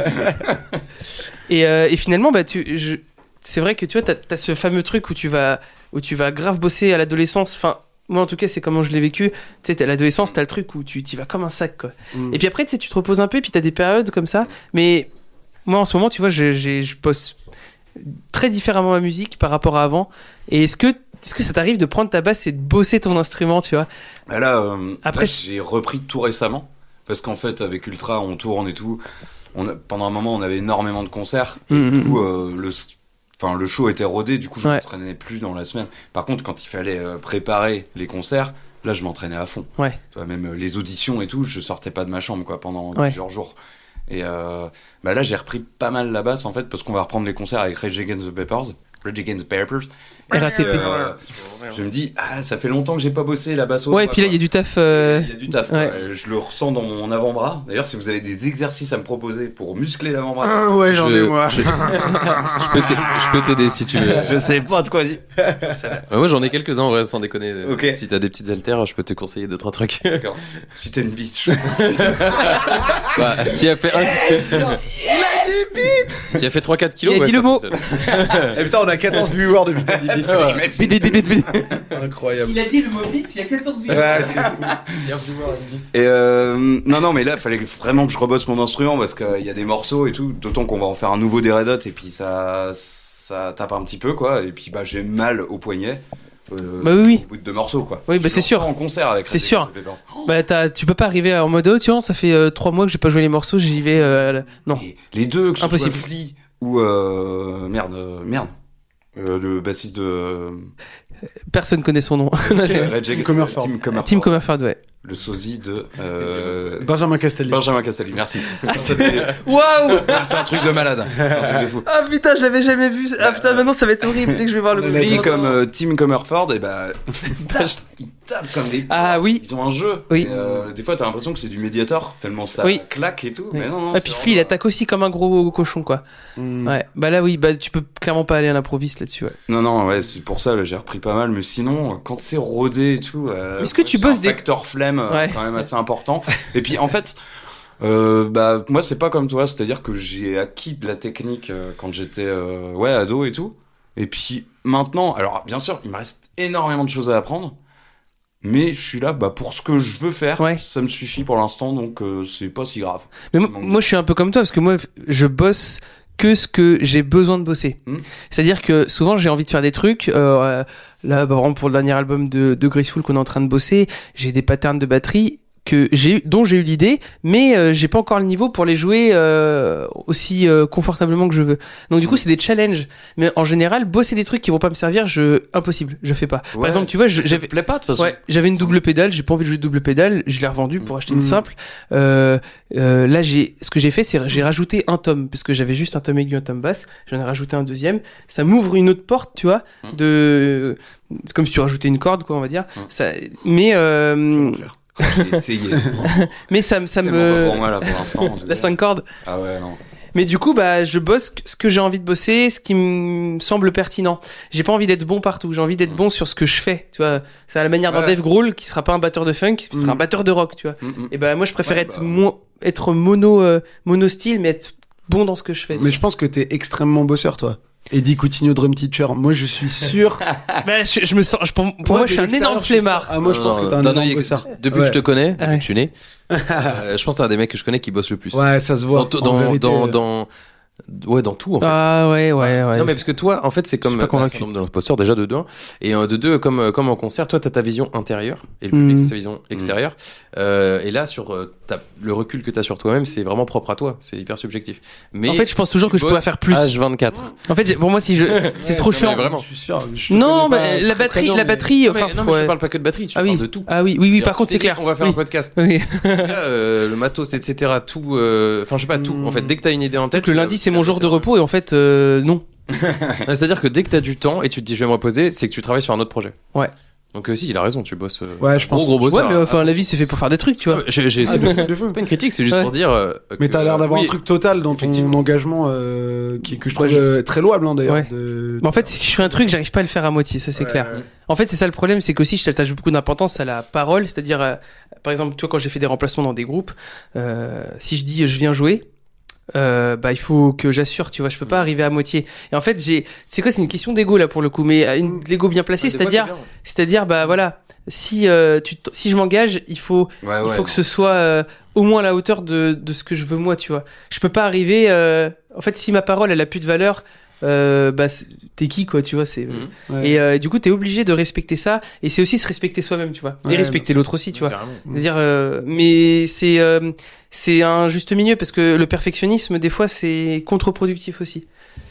[SPEAKER 1] et, euh, et finalement, bah tu, je- c'est vrai que tu vois, t'as, t'as ce fameux truc où tu vas, où tu vas grave bosser à l'adolescence. Enfin, moi en tout cas, c'est comment je l'ai vécu. Tu sais, t'as- à l'adolescence, t'as le truc où tu t'y vas comme un sac quoi. Et puis après, tu sais, tu te reposes un peu, puis t'as des périodes comme ça. Mais moi, en ce moment, tu vois, je, j'ai- je pose très différemment ma musique par rapport à avant. Et est-ce que, est-ce que ça t'arrive de prendre ta basse et de bosser ton instrument, tu vois
[SPEAKER 3] Bah là, euh,
[SPEAKER 1] Après-
[SPEAKER 3] là, j'ai repris tout récemment. Parce qu'en fait, avec Ultra, on tourne et tout. On a- pendant un moment, on avait énormément de concerts. Du coup, euh, le, s- enfin, le show était rodé. Du coup, je
[SPEAKER 1] Mhm. Ouais.
[SPEAKER 3] m'entraînais plus dans la semaine. Par contre, quand il fallait euh, préparer les concerts, là, je m'entraînais à fond.
[SPEAKER 1] Ouais.
[SPEAKER 3] Tu vois, même euh, les auditions et tout, je sortais pas de ma chambre quoi, pendant
[SPEAKER 1] Ouais.
[SPEAKER 3] plusieurs jours. Et euh, bah là, j'ai repris pas mal la basse en fait, parce qu'on va reprendre les concerts avec Rage Against the Peppers. Rage Against the Peppers.
[SPEAKER 1] RATP.
[SPEAKER 3] Euh, je me dis, ah, ça fait longtemps que j'ai pas bossé la basse. au
[SPEAKER 1] Ouais, et
[SPEAKER 3] doigt,
[SPEAKER 1] puis là, il
[SPEAKER 3] quoi.
[SPEAKER 1] y a du taf. euh,
[SPEAKER 3] Il y a du taf,
[SPEAKER 1] ouais.
[SPEAKER 3] quoi. Euh, je le ressens dans mon avant-bras. D'ailleurs, si vous avez des exercices à me proposer pour muscler l'avant-bras,
[SPEAKER 4] Ah, ouais, j'en ai
[SPEAKER 2] Je-
[SPEAKER 4] moi.
[SPEAKER 2] Je, je peux t'a- je peux t'aider si tu
[SPEAKER 1] Ah.
[SPEAKER 2] veux.
[SPEAKER 3] je sais pas de quoi dire.
[SPEAKER 2] Ouais, moi, j'en ai quelques-uns en vrai, sans déconner.
[SPEAKER 3] Ok.
[SPEAKER 2] Si t'as des petites haltères, je peux te conseiller deux trois trucs.
[SPEAKER 3] Si t'es une biche,
[SPEAKER 4] Ah,
[SPEAKER 2] bah, si elle fait un... si elle fait 3 4 kilos,
[SPEAKER 1] Il a
[SPEAKER 2] ouais,
[SPEAKER 1] dit
[SPEAKER 2] ça
[SPEAKER 1] le mot.
[SPEAKER 2] fonctionne.
[SPEAKER 3] Eh
[SPEAKER 4] Et putain, on a 14 viewers depuis le début.
[SPEAKER 2] Vite, vite, vite, vite, vite.
[SPEAKER 5] Incroyable.
[SPEAKER 1] Il a dit le mot vite il y a 14 minutes.
[SPEAKER 3] Et euh, non, non, mais là, fallait vraiment que je rebosse mon instrument parce qu'il y a des morceaux et tout. D'autant qu'on va en faire un nouveau des Red Hot et puis ça, ça tape un petit peu, quoi. Et puis, bah, j'ai mal au poignet. euh,
[SPEAKER 1] Bah oui, oui.
[SPEAKER 3] Au bout de deux morceaux, quoi.
[SPEAKER 1] Oui, bah,
[SPEAKER 3] Je
[SPEAKER 1] c'est
[SPEAKER 3] le
[SPEAKER 1] sûr.
[SPEAKER 3] ressens En concert avec
[SPEAKER 1] C'est
[SPEAKER 3] Red Hot
[SPEAKER 1] sûr.
[SPEAKER 3] Chili Peppers.
[SPEAKER 1] Bah, t'as- tu peux pas arriver en mode, oh, tiens, ça fait 3 mois que j'ai pas joué les morceaux, j'y vais. euh, là. Non.
[SPEAKER 3] Et les deux, que ce
[SPEAKER 1] Impossible.
[SPEAKER 3] soit Flea ou euh, merde, euh, merde. Euh, le bassiste de
[SPEAKER 1] Personne connaît son nom.
[SPEAKER 4] Tim
[SPEAKER 3] Red Jack-
[SPEAKER 4] Comerford.
[SPEAKER 3] Tim Comerford.
[SPEAKER 1] Tim Euh, Comerford, ouais.
[SPEAKER 3] le sosie de euh,
[SPEAKER 4] Benjamin Castelli.
[SPEAKER 3] Benjamin Castaldi. Merci.
[SPEAKER 1] Ah, Waouh
[SPEAKER 3] C'est un truc de malade. C'est un truc de fou.
[SPEAKER 1] Ah putain, je l'avais jamais vu. Ah
[SPEAKER 3] Bah,
[SPEAKER 1] putain, maintenant ça va être horrible dès que je vais voir Ah, le
[SPEAKER 3] Flea comme euh, Tim Comerford, et ben ils tapent- ils tapent comme des.
[SPEAKER 1] Ah oui.
[SPEAKER 3] Ils ont un jeu.
[SPEAKER 1] Oui.
[SPEAKER 3] Et, euh, des fois, t'as l'impression que c'est du médiator, tellement ça
[SPEAKER 1] Oui.
[SPEAKER 3] claque et tout. Mais non, non.
[SPEAKER 1] ah,
[SPEAKER 3] c'est
[SPEAKER 1] puis
[SPEAKER 3] vraiment-
[SPEAKER 1] Flea, il attaque aussi comme un gros cochon, quoi.
[SPEAKER 3] Mm.
[SPEAKER 4] Hmm.
[SPEAKER 1] Ouais. Bah là, oui, bah tu peux clairement pas aller à l'improviste là-dessus. ouais.
[SPEAKER 3] Non, non, ouais, c'est pour ça, là, j'ai repris pas mal, mais sinon, euh, quand c'est rodé et tout. euh,
[SPEAKER 1] Est-ce que
[SPEAKER 3] ouais,
[SPEAKER 1] tu
[SPEAKER 3] c'est
[SPEAKER 1] bosses
[SPEAKER 3] un
[SPEAKER 1] des-
[SPEAKER 3] facteur flemme euh,
[SPEAKER 1] Ouais.
[SPEAKER 3] quand même assez important. et puis, en fait. Euh, bah moi c'est pas comme toi c'est à dire que j'ai acquis de la technique euh, quand j'étais euh, ouais ado et tout et puis maintenant alors bien sûr il me reste énormément de choses à apprendre Mais je suis là bah, pour ce que je veux faire.
[SPEAKER 1] Ouais.
[SPEAKER 3] Ça me suffit pour l'instant, donc euh, c'est pas si grave.
[SPEAKER 1] Mais
[SPEAKER 3] Ça
[SPEAKER 1] moi,
[SPEAKER 3] manque
[SPEAKER 1] moi, je suis un peu comme toi parce que moi, je bosse que ce que j'ai besoin de bosser.
[SPEAKER 3] Hmm.
[SPEAKER 1] C'est-à-dire que souvent, j'ai envie de faire des trucs. euh, là, bah, par exemple, pour le dernier album de, de Graceful qu'on est en train de bosser, j'ai des patterns de batterie que j'ai eu- dont j'ai eu l'idée, mais euh, j'ai pas encore le niveau pour les jouer euh, aussi euh, confortablement que je veux. Donc
[SPEAKER 3] Hmm.
[SPEAKER 1] du coup, c'est des challenges. Mais en général, bosser des trucs qui vont pas me servir, je impossible, je fais pas. Par
[SPEAKER 3] Ouais.
[SPEAKER 1] exemple, tu vois, je-
[SPEAKER 3] Ça te
[SPEAKER 1] j'avais
[SPEAKER 3] plaît pas de toute façon.
[SPEAKER 1] Ouais, j'avais une double pédale, j'ai pas envie de jouer de double pédale, je l'ai revendue pour acheter une
[SPEAKER 3] Mm.
[SPEAKER 1] simple. Euh, euh, là, j'ai, ce que j'ai fait, c'est j'ai rajouté un tome, parce que j'avais juste un tome aigu, un tome basse, j'en ai rajouté un deuxième. Ça m'ouvre une autre porte, tu vois,
[SPEAKER 3] Mm.
[SPEAKER 1] de. C'est comme si tu rajoutais une corde, quoi, on va dire.
[SPEAKER 3] Mm.
[SPEAKER 1] Ça, mais, euh,
[SPEAKER 3] J'ai essayé.
[SPEAKER 1] mais ça, me- ça
[SPEAKER 3] Tellement pas
[SPEAKER 1] me.
[SPEAKER 3] pour moi là pour l'instant. en tout
[SPEAKER 1] La
[SPEAKER 3] cas.
[SPEAKER 1] 5 cordes.
[SPEAKER 3] Ah ouais, non.
[SPEAKER 1] Mais du coup, bah, je bosse que- ce que j'ai envie de bosser, ce qui me semble pertinent. J'ai pas envie d'être bon partout. J'ai envie d'être
[SPEAKER 3] Mm.
[SPEAKER 1] bon sur ce que je fais. Tu vois, c'est à la manière d'un
[SPEAKER 3] Ouais.
[SPEAKER 1] Dave Grohl qui sera pas un batteur de funk, qui sera un
[SPEAKER 4] Mm.
[SPEAKER 1] batteur de rock. Tu vois.
[SPEAKER 3] Mm, mm.
[SPEAKER 1] Et ben moi je préfère
[SPEAKER 3] Ouais,
[SPEAKER 1] être
[SPEAKER 3] bah.
[SPEAKER 1] mo- être mono euh, monostyle mais être bon dans ce que je fais.
[SPEAKER 4] Mais je pense que t'es extrêmement bosseur, toi. Eddie Coutinho, drum teacher. Moi, je suis sûr.
[SPEAKER 1] Bah, je, je me sens je- pour, pour moi
[SPEAKER 4] de
[SPEAKER 1] je suis un
[SPEAKER 4] l'extérieur,
[SPEAKER 1] énorme
[SPEAKER 4] je suis sûr.
[SPEAKER 1] flemmard.
[SPEAKER 4] Ah, moi, je
[SPEAKER 2] Non,
[SPEAKER 4] pense
[SPEAKER 2] non,
[SPEAKER 4] que t'es un
[SPEAKER 2] d'un
[SPEAKER 4] énorme
[SPEAKER 2] œil
[SPEAKER 4] bosseur.
[SPEAKER 2] Depuis
[SPEAKER 4] Ouais.
[SPEAKER 2] que je te connais, depuis
[SPEAKER 1] Ouais.
[SPEAKER 2] que je suis né, euh, je pense que t'es un des mecs que je connais qui bosse le plus.
[SPEAKER 4] Ouais, ça se
[SPEAKER 2] dans,
[SPEAKER 4] voit.
[SPEAKER 2] to-
[SPEAKER 4] en
[SPEAKER 2] dans,
[SPEAKER 4] vérité. euh,
[SPEAKER 2] dans, dans- ouais, dans tout en fait.
[SPEAKER 1] Ah ouais ouais ouais.
[SPEAKER 2] Non mais parce que toi, en fait, c'est comme
[SPEAKER 1] suis pas
[SPEAKER 2] un
[SPEAKER 1] convaincu.
[SPEAKER 2] syndrome de l'imposteur déjà de deux, et euh, de deux comme euh, comme en concert, toi t'as ta vision intérieure et le public
[SPEAKER 1] Mm.
[SPEAKER 2] a sa vision extérieure. Euh, et là sur euh, ta- le recul que t'as sur toi-même, c'est vraiment propre à toi, c'est hyper subjectif. Mais
[SPEAKER 1] en fait, je pense toujours que Ah, je pourrais faire plus.
[SPEAKER 2] H24.
[SPEAKER 1] En fait, j'ai- pour moi si je c'est trop
[SPEAKER 2] ça,
[SPEAKER 1] chiant.
[SPEAKER 2] mais vraiment.
[SPEAKER 4] Je suis sûr. je te
[SPEAKER 1] Non,
[SPEAKER 4] connais
[SPEAKER 1] bah,
[SPEAKER 4] pas très,
[SPEAKER 1] la batterie
[SPEAKER 4] très bien,
[SPEAKER 1] la
[SPEAKER 4] mais-
[SPEAKER 1] batterie
[SPEAKER 2] Non,
[SPEAKER 1] enfin
[SPEAKER 2] mais- non mais je
[SPEAKER 1] ouais.
[SPEAKER 2] te parle pas que de batterie, je te
[SPEAKER 1] Ah
[SPEAKER 2] parle
[SPEAKER 1] oui.
[SPEAKER 2] de tout.
[SPEAKER 1] Ah oui oui oui par
[SPEAKER 2] C'est-à-dire,
[SPEAKER 1] contre
[SPEAKER 2] dès
[SPEAKER 1] c'est clair.
[SPEAKER 2] qu'on va faire un
[SPEAKER 1] Oui.
[SPEAKER 2] podcast,
[SPEAKER 1] Oui.
[SPEAKER 2] euh, le matos, etc. Tout, euh, enfin je sais pas tout. En fait, dès que t'as une idée en tête,
[SPEAKER 1] Peut-être que le
[SPEAKER 2] tu
[SPEAKER 1] lundi
[SPEAKER 2] la-
[SPEAKER 1] c'est
[SPEAKER 2] tu
[SPEAKER 1] mon
[SPEAKER 2] la
[SPEAKER 1] jour
[SPEAKER 2] passes
[SPEAKER 1] de
[SPEAKER 2] à la-
[SPEAKER 1] repos et en fait euh, non.
[SPEAKER 2] Ouais, C'est-à-dire que dès que t'as du temps et tu te dis je vais me reposer, c'est que tu travailles sur un autre projet.
[SPEAKER 1] Ouais.
[SPEAKER 2] Donc euh, si, il a raison, tu bosses. euh,
[SPEAKER 4] Ouais, je
[SPEAKER 2] gros,
[SPEAKER 4] pense.
[SPEAKER 2] Gros bosseur.
[SPEAKER 1] Ouais mais enfin la vie c'est fait pour faire des trucs, tu vois.
[SPEAKER 2] Ouais, j'ai- j'ai-
[SPEAKER 4] Ah,
[SPEAKER 2] c'est
[SPEAKER 4] de fou, de fou.
[SPEAKER 2] pas une critique, c'est juste
[SPEAKER 1] Ouais.
[SPEAKER 2] pour dire. euh,
[SPEAKER 4] Mais
[SPEAKER 2] que-
[SPEAKER 4] t'as l'air d'avoir
[SPEAKER 2] oui,
[SPEAKER 4] un truc total dans ton
[SPEAKER 2] effectivement.
[SPEAKER 4] engagement euh, qui, que je
[SPEAKER 1] Ouais,
[SPEAKER 4] trouve euh, très louable hein, d'ailleurs.
[SPEAKER 1] Ouais.
[SPEAKER 4] de-
[SPEAKER 1] Mais en fait, si je fais un truc, j'arrive pas à le faire à moitié, ça c'est
[SPEAKER 5] Ouais,
[SPEAKER 1] clair.
[SPEAKER 5] ouais.
[SPEAKER 1] En fait, c'est ça le problème, c'est qu'aussi je t'attache beaucoup d'importance à la parole, c'est-à-dire, euh, par exemple, toi, quand j'ai fait des remplacements dans des groupes, euh, si je dis euh, je viens jouer, euh, bah il faut que j'assure, tu vois, je peux
[SPEAKER 2] Mm.
[SPEAKER 1] pas arriver à moitié. Et en fait, j'ai, c'est quoi, c'est une question d'ego là pour le coup, mais euh, une l'ego bien placé,
[SPEAKER 2] Mm. des fois,
[SPEAKER 1] c'est-à-dire,
[SPEAKER 2] bien.
[SPEAKER 1] c'est-à-dire, bah voilà, si euh, tu, t- si je m'engage, il faut,
[SPEAKER 3] Ouais,
[SPEAKER 1] il
[SPEAKER 3] Ah ouais.
[SPEAKER 1] faut que ce soit euh, au moins à la hauteur de, de ce que je veux moi, tu vois. Je peux pas arriver. euh, En fait, si ma parole elle a plus de valeur, euh, bah c'est- t'es qui quoi, tu vois C'est
[SPEAKER 2] Mhm.
[SPEAKER 4] Ouais.
[SPEAKER 1] et euh, du coup, t'es obligé de respecter ça. Et c'est aussi se respecter soi-même, tu vois. et
[SPEAKER 4] Ouais,
[SPEAKER 1] respecter l'autre aussi, tu vois.
[SPEAKER 2] Carrément.
[SPEAKER 1] C'est-à-dire, euh, mais c'est euh, c'est un juste milieu parce que le perfectionnisme, des fois, c'est contre-productif aussi.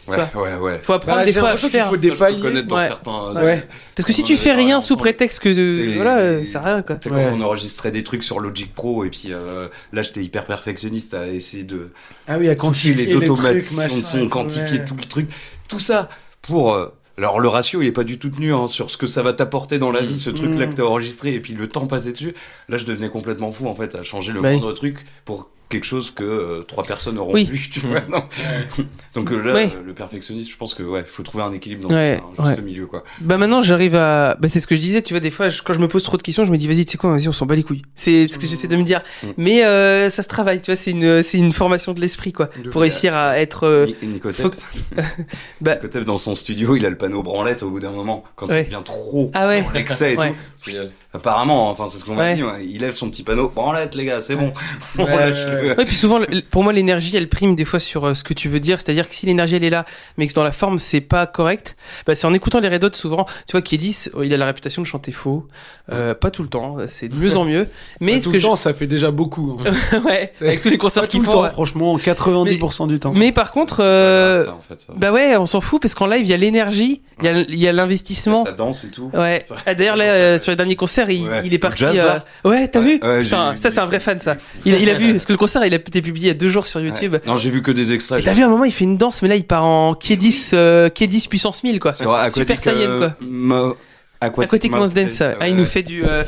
[SPEAKER 3] Ouais, ouais, ouais.
[SPEAKER 1] Faut apprendre
[SPEAKER 4] Bah,
[SPEAKER 1] des
[SPEAKER 4] j'ai
[SPEAKER 1] fois à
[SPEAKER 4] l'impression qu'il
[SPEAKER 1] faire.
[SPEAKER 4] faut des
[SPEAKER 3] Ça, je peux
[SPEAKER 4] paliers.
[SPEAKER 3] connaître dans
[SPEAKER 1] Ouais.
[SPEAKER 3] certains.
[SPEAKER 1] Ouais. Parce que si
[SPEAKER 3] On
[SPEAKER 1] tu
[SPEAKER 3] en avait
[SPEAKER 1] fais
[SPEAKER 3] parlé
[SPEAKER 1] rien
[SPEAKER 3] ensemble.
[SPEAKER 1] sous prétexte que
[SPEAKER 3] C'est
[SPEAKER 1] de...
[SPEAKER 3] les-
[SPEAKER 1] voilà, euh,
[SPEAKER 3] les-
[SPEAKER 1] c'est rien quoi.
[SPEAKER 3] C'est
[SPEAKER 4] Ouais.
[SPEAKER 3] quand on enregistrait des trucs sur Logic Pro et puis euh, là j'étais hyper perfectionniste à essayer de
[SPEAKER 4] Ah oui, à
[SPEAKER 3] quantifier
[SPEAKER 4] quantifier
[SPEAKER 3] les
[SPEAKER 4] trucs,
[SPEAKER 3] automatismes de
[SPEAKER 4] machin,
[SPEAKER 3] son,
[SPEAKER 4] ouais.
[SPEAKER 3] quantifier tout le truc, tout ça pour. euh, alors le ratio il est pas du tout tenu hein, sur ce que ça va t'apporter dans la vie
[SPEAKER 4] Mm.
[SPEAKER 3] ce truc là que t'as enregistré et puis le temps passé dessus. Là je devenais complètement fou en fait à changer le
[SPEAKER 4] Bah
[SPEAKER 1] Ouais.
[SPEAKER 3] moindre truc pour quelque chose que euh, trois personnes auront
[SPEAKER 1] Oui.
[SPEAKER 3] vu. Tu vois,
[SPEAKER 4] Mm.
[SPEAKER 3] non Donc euh, là
[SPEAKER 1] Ouais.
[SPEAKER 3] euh, le perfectionniste je pense que ouais faut trouver un équilibre dans
[SPEAKER 1] Ouais,
[SPEAKER 3] un juste
[SPEAKER 1] ouais.
[SPEAKER 3] milieu quoi.
[SPEAKER 1] Bah maintenant, j'arrive à. Bah c'est ce que je disais, tu vois. Des fois, je- quand je me pose trop de questions, je me dis vas-y, tu sais quoi, vas-y, on s'en bat les couilles. C'est
[SPEAKER 4] Mmh.
[SPEAKER 1] ce que j'essaie de me dire.
[SPEAKER 3] Mm.
[SPEAKER 1] Mais euh, ça se travaille, tu vois. C'est une c'est une formation de l'esprit quoi,
[SPEAKER 3] De
[SPEAKER 1] pour
[SPEAKER 3] fait.
[SPEAKER 1] réussir à être. euh,
[SPEAKER 3] Ni- Nicotep.
[SPEAKER 1] faut Bah-
[SPEAKER 3] Nicotep, dans son studio, il a le panneau branlette au bout d'un moment, quand
[SPEAKER 1] Ouais.
[SPEAKER 3] il devient trop
[SPEAKER 1] Ah ouais.
[SPEAKER 3] dans l'excès et
[SPEAKER 1] Ouais.
[SPEAKER 3] tout.
[SPEAKER 4] euh,
[SPEAKER 3] Apparemment, enfin c'est ce qu'on m'a
[SPEAKER 1] Ouais.
[SPEAKER 3] dit, ouais. il lève son petit panneau, branlette les gars, c'est bon, on
[SPEAKER 4] Ouais,
[SPEAKER 3] lâche
[SPEAKER 4] ouais,
[SPEAKER 3] le-
[SPEAKER 1] Ouais, puis souvent, le- pour moi, l'énergie, elle prime des fois sur euh, ce que tu veux dire. C'est-à-dire que si l'énergie, elle est là, mais que dans la forme, c'est pas correct, bah, c'est en écoutant les Red Hot souvent. Tu vois, Kedis, oh, il a la réputation de chanter faux. Euh, pas tout le temps, c'est de mieux en mieux. Mais
[SPEAKER 4] Mais
[SPEAKER 1] ce
[SPEAKER 4] Bah, tout
[SPEAKER 1] que
[SPEAKER 4] le
[SPEAKER 1] je.
[SPEAKER 4] temps, ça fait déjà beaucoup. hein.
[SPEAKER 1] ouais, avec tous les concerts
[SPEAKER 4] Pas tout
[SPEAKER 1] qu'ils
[SPEAKER 4] le
[SPEAKER 1] font.
[SPEAKER 4] temps, franchement, 90% du temps.
[SPEAKER 1] ouais. Mais par contre,
[SPEAKER 3] C'est pas
[SPEAKER 1] euh,
[SPEAKER 3] grave, ça, en fait, ça.
[SPEAKER 1] bah ouais, on s'en fout parce qu'en live, il y a l'énergie, il y a- il y a l'investissement.
[SPEAKER 3] Ça danse et tout.
[SPEAKER 1] Ouais.
[SPEAKER 3] Ça-
[SPEAKER 1] Ah, D'ailleurs, là,
[SPEAKER 3] ça-
[SPEAKER 1] euh, sur les derniers concerts, il,
[SPEAKER 3] Ouais.
[SPEAKER 1] il est parti.
[SPEAKER 3] Jazz, là
[SPEAKER 1] euh, Ouais, t'as
[SPEAKER 3] Ouais,
[SPEAKER 1] vu
[SPEAKER 3] ouais, j'ai
[SPEAKER 1] Putain,
[SPEAKER 3] vu,
[SPEAKER 1] ça, c'est
[SPEAKER 3] il
[SPEAKER 1] un vrai
[SPEAKER 3] fait-
[SPEAKER 1] fan, ça. Il, a- il a vu, parce que le concert, il a été publié il y a deux jours sur YouTube.
[SPEAKER 3] Ouais. Non, j'ai vu que des extraits.
[SPEAKER 1] Et t'as vu à un moment il fait une danse mais là il part en K10 euh, K10 puissance 1000 quoi.
[SPEAKER 3] Sur Aquatic,
[SPEAKER 1] Super Saiyan,
[SPEAKER 3] euh,
[SPEAKER 1] quoi.
[SPEAKER 3] Mo- Aquatic,
[SPEAKER 1] Aquatic
[SPEAKER 3] Mouse
[SPEAKER 1] Mouse Dance.
[SPEAKER 3] Dance,
[SPEAKER 1] Ah, il
[SPEAKER 3] ouais.
[SPEAKER 1] nous fait du euh,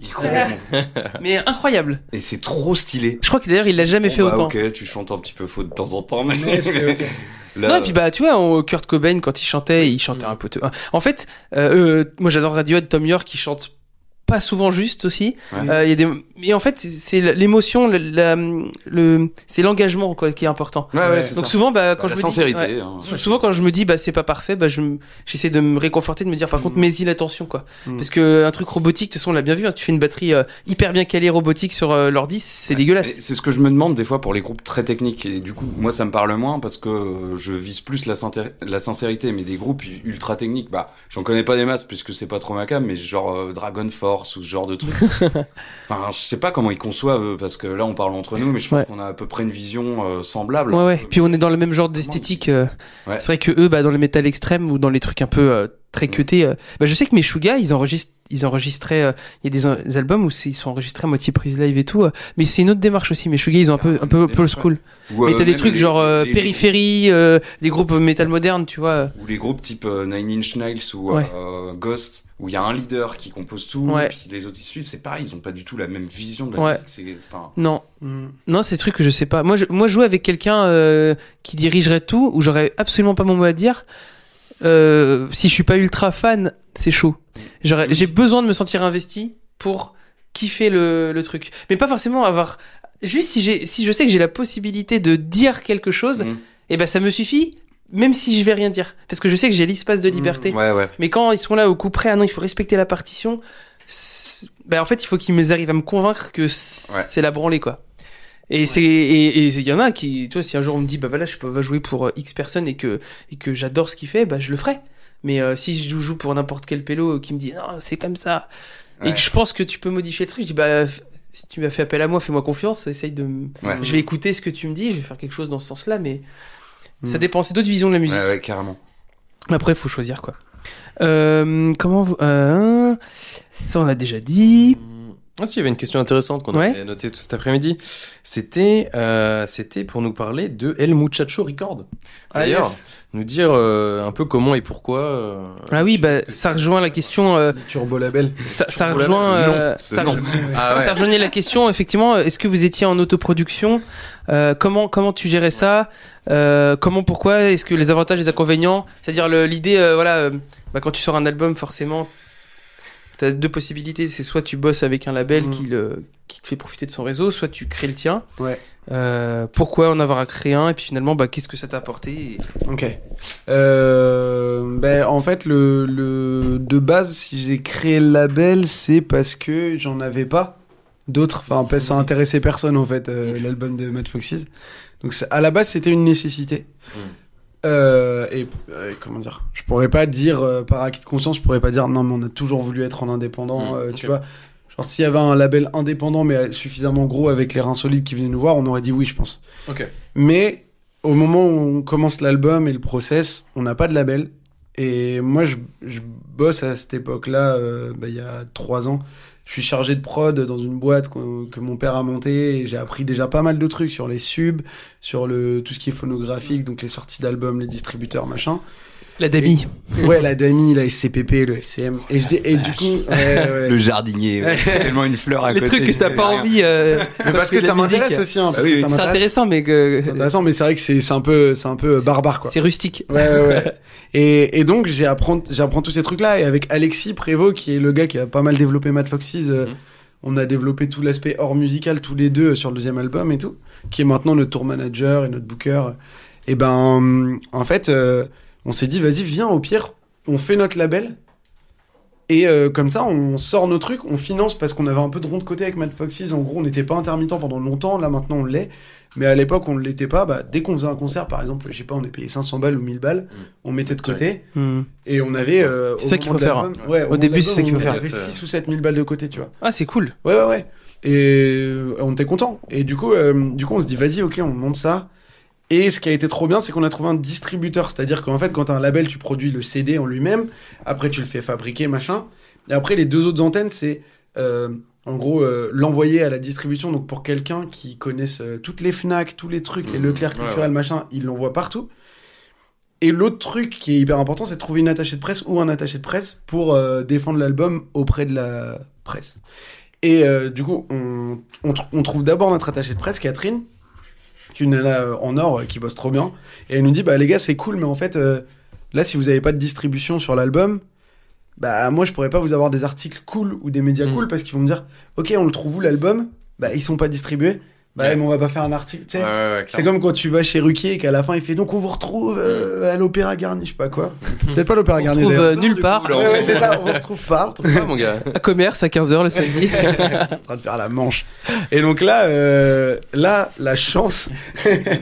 [SPEAKER 3] Il s'est vraiment-
[SPEAKER 1] mais incroyable.
[SPEAKER 3] Et c'est trop stylé.
[SPEAKER 1] Je crois que d'ailleurs il l'a jamais
[SPEAKER 3] Bon,
[SPEAKER 1] fait
[SPEAKER 3] bah,
[SPEAKER 1] autant.
[SPEAKER 3] Ok, tu chantes un petit peu faux de temps en temps, mais.
[SPEAKER 4] Mais c'est ok.
[SPEAKER 3] Là,
[SPEAKER 1] Non et puis bah tu vois on- Kurt
[SPEAKER 3] Mm.
[SPEAKER 1] euh, Cobain quand il chantait il chantait un peu. te- En fait euh, euh, moi j'adore Radiohead Tom York qui chante pas souvent juste aussi.
[SPEAKER 3] Ouais.
[SPEAKER 1] Euh, Il y a des... Et en fait, c'est- c'est l'émotion, le, la- le... c'est l'engagement quoi, qui est important.
[SPEAKER 3] Ouais, ouais, c'est
[SPEAKER 1] Donc
[SPEAKER 3] ça.
[SPEAKER 1] souvent, bah, quand je
[SPEAKER 3] la
[SPEAKER 1] me dis-
[SPEAKER 3] sincérité.
[SPEAKER 1] ouais.
[SPEAKER 3] hein.
[SPEAKER 1] Sou- Souvent quand je me dis bah c'est pas parfait, bah je m- j'essaie de me réconforter de me
[SPEAKER 3] Mm.
[SPEAKER 1] dire par contre mais il attention quoi.
[SPEAKER 4] Mm.
[SPEAKER 1] Parce que un truc robotique, de toute façon on l'a bien vu, hein, tu fais une batterie euh, hyper bien calée robotique sur euh, l'ordi, c'est
[SPEAKER 3] Mais
[SPEAKER 1] dégueulasse.
[SPEAKER 3] C'est ce que je me demande des fois pour les groupes très techniques. Et du coup, moi, ça me parle moins parce que euh, je vise plus la, sinté- la sincérité. Mais des groupes ultra techniques, bah, j'en connais pas des masses puisque c'est pas trop ma cam, mais genre euh, Dragon Force ou ce genre de truc. enfin, je sais pas comment ils conçoivent eux, parce que là, on parle entre nous, mais je pense
[SPEAKER 1] Ouais.
[SPEAKER 3] qu'on a à peu près une vision euh, semblable.
[SPEAKER 1] Ouais ouais. Puis on est dans le même genre d'esthétique. euh.
[SPEAKER 3] Ouais.
[SPEAKER 1] C'est vrai que eux bah dans le métal extrême ou dans les trucs un peu euh, très
[SPEAKER 3] Mm.
[SPEAKER 1] cutés. euh, Bah je sais que mes Shuga ils enregistrent ils enregistraient euh, il y a des, en- des albums où c'est- ils sont enregistrés à moitié prise live et tout euh, mais c'est une autre démarche aussi mes Shuga ils ont un peu un peu
[SPEAKER 3] Carrément,
[SPEAKER 1] old school
[SPEAKER 3] Ou,
[SPEAKER 1] mais
[SPEAKER 3] euh,
[SPEAKER 1] t'as des
[SPEAKER 3] même
[SPEAKER 1] trucs
[SPEAKER 3] les-
[SPEAKER 1] genre euh,
[SPEAKER 3] les-
[SPEAKER 1] périphérie euh, des groupes métal modernes tu vois euh.
[SPEAKER 3] Ou les groupes type euh, Nine Inch Nails ou
[SPEAKER 1] Ouais.
[SPEAKER 3] euh, Ghost, où il y a un leader qui compose tout,
[SPEAKER 1] Ouais.
[SPEAKER 3] et puis les autres ils suivent, c'est pareil, ils ont pas du tout la même vision de la
[SPEAKER 1] Ouais.
[SPEAKER 3] musique. c'est- enfin,
[SPEAKER 1] non
[SPEAKER 4] Mm.
[SPEAKER 1] Non, c'est des trucs que je sais pas. Moi, je, moi jouer avec quelqu'un euh, qui dirigerait tout, où j'aurais absolument pas mon mot à dire, euh, si je suis pas ultra fan, c'est chaud. J'aurais- J'ai besoin de me sentir investi pour kiffer le, le truc. Mais pas forcément avoir... Juste si, j'ai- si je sais que j'ai la possibilité de dire quelque chose,
[SPEAKER 3] Mm.
[SPEAKER 1] et ben ça me suffit, même si je vais rien dire. Parce que je sais que j'ai l'espace de liberté.
[SPEAKER 3] Ouais, ouais.
[SPEAKER 1] Mais quand ils sont là au coup près, ah non, il faut respecter la partition, c'est- ben en fait, il faut qu'ils arrivent à me convaincre que c'est la branlée, quoi. Et c'est et et il y en a qui, tu vois, si un jour on me dit, bah voilà, je peux va jouer pour euh, X personnes et que et que j'adore ce qu'il fait, bah je le ferai. Mais euh, si je joue pour n'importe quel pélo qui me dit non, c'est comme ça et
[SPEAKER 3] Ouais.
[SPEAKER 1] que je pense que tu peux modifier le truc, je dis bah f- si tu m'as fait appel à moi, fais-moi confiance, essaye de, m-
[SPEAKER 3] Ouais.
[SPEAKER 1] je vais écouter ce que tu me dis, je vais faire quelque chose dans ce sens-là, mais ça
[SPEAKER 4] Mm.
[SPEAKER 1] dépend, c'est d'autres visions de la musique.
[SPEAKER 3] Ouais, ouais, carrément.
[SPEAKER 1] Mais Après, faut choisir quoi. Euh, comment vous. euh, ça, on l'a déjà dit.
[SPEAKER 2] Ah si, il y avait une question intéressante qu'on
[SPEAKER 1] Ouais.
[SPEAKER 2] avait notée tout cet après-midi. C'était, euh, c'était pour nous parler de El Muchacho Record.
[SPEAKER 5] Ah,
[SPEAKER 2] D'ailleurs,
[SPEAKER 5] yes.
[SPEAKER 2] nous dire euh, un peu comment et pourquoi. euh,
[SPEAKER 1] Ah oui, bah, ça rejoint la question. euh,
[SPEAKER 4] Turbo Label.
[SPEAKER 1] ça, ça
[SPEAKER 3] Turbo Label,
[SPEAKER 1] rejoint.
[SPEAKER 3] c'est le nom,
[SPEAKER 1] euh,
[SPEAKER 3] c'est
[SPEAKER 1] ça,
[SPEAKER 3] le nom.
[SPEAKER 1] rejoint-
[SPEAKER 2] Ah ouais.
[SPEAKER 1] ça rejoignait la question, effectivement. euh, Est-ce que vous étiez en autoproduction Euh, Comment comment tu gérais ça Euh, Comment, pourquoi Est-ce que les avantages, les inconvénients C'est-à-dire le- l'idée, euh, voilà, euh, bah, quand tu sors un album, forcément, t'as deux possibilités. C'est soit tu bosses avec un label
[SPEAKER 4] Mhm.
[SPEAKER 1] qui, le, qui te fait profiter de son réseau, soit tu crées le tien.
[SPEAKER 4] Ouais.
[SPEAKER 1] Euh, pourquoi en avoir à créer un Et puis finalement, bah, qu'est-ce que ça t'a apporté Et-
[SPEAKER 4] Ok. Euh, ben, en fait, le, le- de base, si j'ai créé le label, c'est parce que j'en avais pas d'autres. Enfin, parce que
[SPEAKER 2] Mhm.
[SPEAKER 4] ça intéressait personne, en fait, euh, l'album de Matt Foxes. Donc, c'est- à la base, c'était une nécessité.
[SPEAKER 2] Mm.
[SPEAKER 4] Euh, et euh, comment dire Je pourrais pas dire, euh, par acquis de conscience, je pourrais pas dire non, mais on a toujours voulu être en indépendant,
[SPEAKER 2] Mm,
[SPEAKER 4] euh, tu
[SPEAKER 2] ok.
[SPEAKER 4] vois. Genre, s'il y avait un label indépendant, mais euh, suffisamment gros avec les reins solides qui venaient nous voir, on aurait dit oui, je pense.
[SPEAKER 2] Ok.
[SPEAKER 4] Mais au moment où on commence l'album et le process, on n'a pas de label. Et moi, je, je bosse à cette époque-là, euh, bah, il y a trois ans. Je suis chargé de prod dans une boîte qu'on- que, mon père a montée. et J'ai appris déjà pas mal de trucs sur les subs, sur le, tout ce qui est phonographique, donc les sorties d'albums, les distributeurs, machin.
[SPEAKER 1] La Dami.
[SPEAKER 4] Ouais, la DAMI, la SCPP, le FCM. Et, je dis- et du coup, ouais, ouais.
[SPEAKER 3] Le jardinier, ouais. tellement une fleur à
[SPEAKER 1] Les
[SPEAKER 3] côté.
[SPEAKER 1] trucs que
[SPEAKER 3] j'ai
[SPEAKER 1] t'as
[SPEAKER 3] fait
[SPEAKER 1] pas
[SPEAKER 3] rien.
[SPEAKER 1] envie. euh,
[SPEAKER 4] Mais parce
[SPEAKER 1] tu fais
[SPEAKER 4] que
[SPEAKER 1] de la
[SPEAKER 4] ça
[SPEAKER 1] musique. euh,
[SPEAKER 4] m'intéresse aussi, hein, parce
[SPEAKER 3] Bah
[SPEAKER 4] que
[SPEAKER 3] oui,
[SPEAKER 4] ça
[SPEAKER 3] oui.
[SPEAKER 1] C'est
[SPEAKER 4] m'intéresse.
[SPEAKER 1] intéressant, mais que.
[SPEAKER 4] C'est intéressant, mais c'est vrai que c'est c'est un peu, c'est un peu barbare, quoi.
[SPEAKER 1] C'est rustique.
[SPEAKER 4] Ouais, ouais, ouais. et, et donc, j'ai apprend- j'apprends tous ces trucs-là. Et avec Alexis Prévost, qui est le gars qui a pas mal développé Mad Foxes, euh,
[SPEAKER 2] Mhm.
[SPEAKER 4] on a développé tout l'aspect hors musical, tous les deux, euh, sur le deuxième album et tout, qui est maintenant notre tour manager et notre booker. Et ben, hum, en fait, euh, on s'est dit, vas-y, viens, au pire, on fait notre label. Et euh, comme ça, on sort nos trucs, on finance parce qu'on avait un peu de rond de côté avec Mad Foxes. En gros, on n'était pas intermittent pendant longtemps. Là, maintenant, on l'est. Mais à l'époque, on ne l'était pas. Bah, dès qu'on faisait un concert, par exemple, je sais pas, on est payé 500 balles ou 1000 balles, on mettait de côté.
[SPEAKER 1] Hmm.
[SPEAKER 4] Et on avait. euh,
[SPEAKER 1] C'est
[SPEAKER 4] au
[SPEAKER 1] ça qu'il
[SPEAKER 4] moment
[SPEAKER 1] faut
[SPEAKER 4] de
[SPEAKER 1] faire, hein.
[SPEAKER 4] l'album- ouais,
[SPEAKER 1] Au
[SPEAKER 4] moment de
[SPEAKER 1] début, c'est ça
[SPEAKER 4] l'album,
[SPEAKER 1] qu'il faut
[SPEAKER 4] On
[SPEAKER 2] faire.
[SPEAKER 4] avait 6 ou 7 000 balles de côté, tu vois.
[SPEAKER 1] Ah, c'est cool.
[SPEAKER 4] Ouais, ouais, ouais. Et euh, on était content. Et du coup, euh, du coup, on se dit, vas-y, ok, on monte ça. Et ce qui a été trop bien, c'est qu'on a trouvé un distributeur. C'est-à-dire qu'en fait, quand t'as un label, tu produis le CD en lui-même. Après, tu le fais fabriquer, machin. Et après, les deux autres antennes, c'est euh, en gros euh, l'envoyer à la distribution. Donc, pour quelqu'un qui connaisse euh, toutes les Fnac, tous les trucs, les
[SPEAKER 2] Mhm.
[SPEAKER 4] Leclerc
[SPEAKER 2] Ouais,
[SPEAKER 4] culturels, machin, il l'envoie partout. Et l'autre truc qui est hyper important, c'est de trouver une attachée de presse ou un attaché de presse pour euh, défendre l'album auprès de la presse. Et euh, du coup, on, on tr- on trouve d'abord notre attachée de presse, Catherine, qui est une nana euh, en or euh, qui bosse trop bien. Et elle nous dit, bah les gars, c'est cool, mais en fait, euh, là, si vous n'avez pas de distribution sur l'album, bah moi je pourrais pas vous avoir des articles cool ou des médias
[SPEAKER 2] Mm.
[SPEAKER 4] cool parce qu'ils vont me dire ok on le trouve où l'album bah ils sont pas distribués bah
[SPEAKER 2] Ouais.
[SPEAKER 4] mais on va pas faire un article tu sais
[SPEAKER 2] Ouais, ouais, ouais,
[SPEAKER 4] c'est
[SPEAKER 2] clairement.
[SPEAKER 4] comme quand tu vas chez Ruquier et qu'à la fin il fait donc on vous retrouve euh, à l'Opéra Garnier je sais pas quoi peut-être pas l'Opéra
[SPEAKER 1] On
[SPEAKER 4] Garnier
[SPEAKER 1] retrouve
[SPEAKER 4] d'ailleurs.
[SPEAKER 1] euh, nulle part.
[SPEAKER 2] là, on
[SPEAKER 4] Ouais,
[SPEAKER 2] s'en
[SPEAKER 4] ouais, c'est
[SPEAKER 2] fout.
[SPEAKER 4] ça on vous retrouve pas
[SPEAKER 2] Ouais, mon gars.
[SPEAKER 1] à commerce à 15h le samedi.
[SPEAKER 4] en train de faire la manche. Et donc là, euh, là, la chance.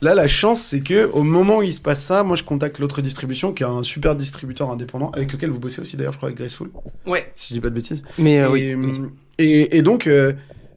[SPEAKER 4] Là, la chance, c'est que au moment où il se passe ça, moi, je contacte l'autre distribution, qui est un super distributeur indépendant, avec lequel vous bossez aussi d'ailleurs, je crois, avec Graceful,
[SPEAKER 1] ouais.
[SPEAKER 4] si je dis pas de bêtises.
[SPEAKER 1] Mais euh, oui.
[SPEAKER 4] et, hum, et, et donc, euh,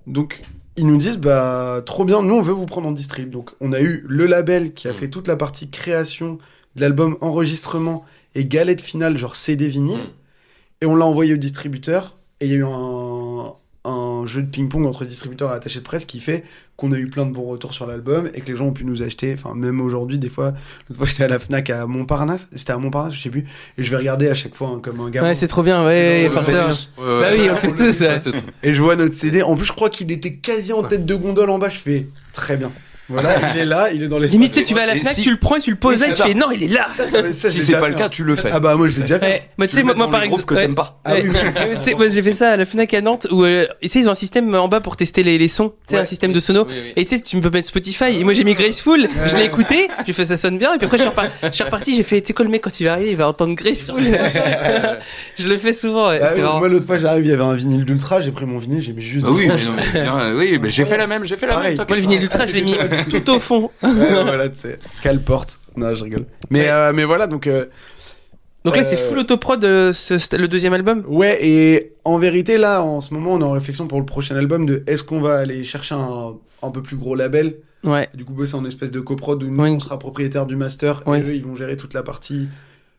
[SPEAKER 4] donc, ils nous disent, bah, trop bien, nous, on veut vous prendre en distrib. Donc, on a eu le label qui a
[SPEAKER 1] Mm.
[SPEAKER 4] fait toute la partie création de l'album, enregistrement et galette finale, genre CD vinyle.
[SPEAKER 2] Mm.
[SPEAKER 4] Et on l'a envoyé au distributeur. Et il y a eu un, un jeu de ping-pong entre distributeur et attaché de presse qui fait qu'on a eu plein de bons retours sur l'album et que les gens ont pu nous acheter. Enfin, même aujourd'hui, des fois, l'autre fois, j'étais à la Fnac à Montparnasse. C'était à Montparnasse, je sais plus. Et je vais regarder à chaque fois hein, comme un gamin.
[SPEAKER 1] Ouais, c'est trop bien, ouais,
[SPEAKER 4] Et
[SPEAKER 1] faire
[SPEAKER 4] on le
[SPEAKER 1] ça.
[SPEAKER 4] fait
[SPEAKER 1] ouais.
[SPEAKER 4] tous.
[SPEAKER 2] Ouais, ouais,
[SPEAKER 1] Bah
[SPEAKER 2] ouais.
[SPEAKER 1] oui, on fait tous ça.
[SPEAKER 2] Ouais, ce truc.
[SPEAKER 4] Et je vois notre CD. En plus, je crois qu'il était quasi en tête de gondole en bas. Je fais très bien. Voilà, il est là, il est dans les.
[SPEAKER 1] Limite, tu sais, tu vas à la
[SPEAKER 3] Et
[SPEAKER 1] Fnac,
[SPEAKER 3] si-
[SPEAKER 1] tu le prends et tu le poses là,
[SPEAKER 4] Oui, c'est
[SPEAKER 1] tu
[SPEAKER 4] ça.
[SPEAKER 1] fais non, il est là.
[SPEAKER 3] Si c'est pas le cas, tu le fais.
[SPEAKER 4] Ah bah moi, je l'ai déjà fait.
[SPEAKER 1] Ouais. Bah, tu
[SPEAKER 3] Tu
[SPEAKER 1] sais,
[SPEAKER 3] le
[SPEAKER 1] moi,
[SPEAKER 3] mets
[SPEAKER 1] moi,
[SPEAKER 3] dans
[SPEAKER 1] par
[SPEAKER 3] les groupes
[SPEAKER 1] exemple.
[SPEAKER 3] que t'aimes pas.
[SPEAKER 4] Ah oui, oui.
[SPEAKER 1] Tu sais, moi j'ai fait ça à la Fnac à Nantes où euh, tu sais, ils ont un système en bas pour tester les, les sons, tu sais, un système de sono.
[SPEAKER 2] Oui, oui.
[SPEAKER 1] Et tu sais, tu peux mettre Spotify. Et moi j'ai mis Graceful, je l'ai écouté, j'ai fait ça sonne bien. Et puis après je suis repar- je suis reparti, j'ai fait, tu sais quoi, le mec quand il va arriver, il va entendre Graceful. je le fais souvent, ouais,
[SPEAKER 4] Ah
[SPEAKER 1] c'est
[SPEAKER 4] oui,
[SPEAKER 1] marrant.
[SPEAKER 4] moi l'autre fois j'arrive, il y avait un vinyle d'ultra, j'ai pris mon vinyle, j'ai mis juste.
[SPEAKER 3] Bah oui, mais non, mais bien, euh, oui, mais j'ai fait la même, j'ai fait la
[SPEAKER 4] Pareil. Ah,
[SPEAKER 3] même. t'inquiète
[SPEAKER 1] Moi le vinyle d'ultra, je l'ai mis tout au fond.
[SPEAKER 4] Ouais, voilà, tu sais. Quelle porte Non, je rigole. Mais,
[SPEAKER 1] Ouais.
[SPEAKER 4] euh, mais voilà, donc. euh,
[SPEAKER 1] Donc là c'est
[SPEAKER 4] Euh,
[SPEAKER 1] full autoprod euh, ce- ce- le deuxième album.
[SPEAKER 4] ouais, et en vérité, là, en ce moment, on est en réflexion pour le prochain album de est-ce qu'on va aller chercher un, un peu plus gros label
[SPEAKER 1] Ouais.
[SPEAKER 4] Du coup, bosser en espèce de coprod où nous,
[SPEAKER 1] Oui.
[SPEAKER 4] on sera propriétaire du master
[SPEAKER 1] Oui.
[SPEAKER 4] et eux, ils vont gérer toute la partie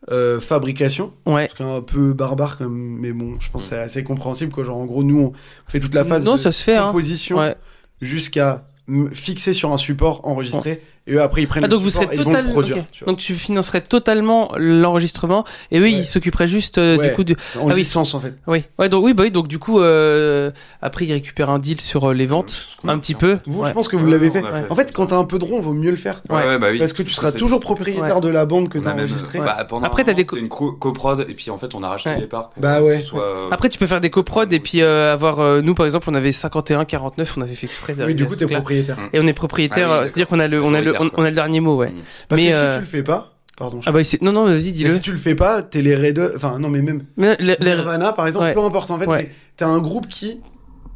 [SPEAKER 4] euh, fabrication.
[SPEAKER 1] Ouais.
[SPEAKER 4] Ce qui est un peu barbare, comme, mais bon, je pense que c'est assez compréhensible, quoi. Genre, en gros, nous, on fait toute la phase
[SPEAKER 1] non,
[SPEAKER 4] de
[SPEAKER 1] ça se fait hein.
[SPEAKER 4] composition
[SPEAKER 1] Ouais.
[SPEAKER 4] jusqu'à mm, fixer sur un support enregistré et eux après ils prennent
[SPEAKER 1] Ah, donc
[SPEAKER 4] le
[SPEAKER 1] vous
[SPEAKER 4] support
[SPEAKER 1] serez
[SPEAKER 4] et ils vont le
[SPEAKER 1] totalement
[SPEAKER 4] produire tu vois.
[SPEAKER 1] Donc tu financerais totalement l'enregistrement et eux
[SPEAKER 4] Ouais.
[SPEAKER 1] ils s'occuperaient juste euh,
[SPEAKER 4] Ouais.
[SPEAKER 1] du coup de
[SPEAKER 4] en
[SPEAKER 1] ah oui.
[SPEAKER 4] licence en fait
[SPEAKER 1] Oui, ouais, donc, oui, bah oui, donc du coup, euh, après, il récupère un deal sur euh, les ventes,
[SPEAKER 3] Ce qu'on
[SPEAKER 1] un
[SPEAKER 3] a
[SPEAKER 1] petit
[SPEAKER 3] fait,
[SPEAKER 1] peu.
[SPEAKER 4] Vous,
[SPEAKER 1] Ouais.
[SPEAKER 4] je pense que vous
[SPEAKER 3] Ouais,
[SPEAKER 4] l'avez
[SPEAKER 3] on
[SPEAKER 4] fait.
[SPEAKER 3] a fait
[SPEAKER 4] En fait,
[SPEAKER 3] comme
[SPEAKER 4] quand
[SPEAKER 3] ça.
[SPEAKER 4] t'as un peu de rond, vaut mieux le faire.
[SPEAKER 3] Ouais, ouais, bah oui.
[SPEAKER 4] Parce que tu
[SPEAKER 3] C'est-
[SPEAKER 4] seras
[SPEAKER 3] c'est-
[SPEAKER 4] toujours propriétaire de la bande que
[SPEAKER 3] on a
[SPEAKER 4] t'as
[SPEAKER 3] même-
[SPEAKER 4] enregistrée.
[SPEAKER 3] bah, pendant
[SPEAKER 1] Après,
[SPEAKER 3] un
[SPEAKER 1] t'as
[SPEAKER 3] moment,
[SPEAKER 1] des co-
[SPEAKER 3] C'était une co- coprod, et puis en fait, on a racheté
[SPEAKER 1] Ouais.
[SPEAKER 3] les parts. pour
[SPEAKER 4] Bah
[SPEAKER 3] que
[SPEAKER 4] ouais.
[SPEAKER 3] ce soit, euh,
[SPEAKER 1] Après, tu peux faire des coprods et puis euh, avoir. euh, nous, par exemple, on avait 51, 49, on avait fait exprès.
[SPEAKER 4] Oui, du coup, t'es
[SPEAKER 1] propriétaire.
[SPEAKER 4] propriétaire.
[SPEAKER 1] Et on est propriétaire, euh,
[SPEAKER 3] Ah oui,
[SPEAKER 1] c'est-à-dire qu'on a le, on a le, on,
[SPEAKER 3] Majoritaire, quoi.
[SPEAKER 1] on a le dernier mot, ouais.
[SPEAKER 3] Mm.
[SPEAKER 4] Parce
[SPEAKER 1] Mais,
[SPEAKER 4] que si
[SPEAKER 1] euh,
[SPEAKER 4] tu le fais pas, pardon. je-
[SPEAKER 1] Ah bah, c'est- non, non, vas-y,
[SPEAKER 4] Mais
[SPEAKER 1] dis-le.
[SPEAKER 4] si tu le fais pas, t'es les raideurs. Enfin, non, mais même
[SPEAKER 1] Mais le- le-
[SPEAKER 4] Nirvana, par exemple,
[SPEAKER 1] Ouais.
[SPEAKER 4] peu importe en fait.
[SPEAKER 1] Ouais.
[SPEAKER 4] mais T'as un groupe qui,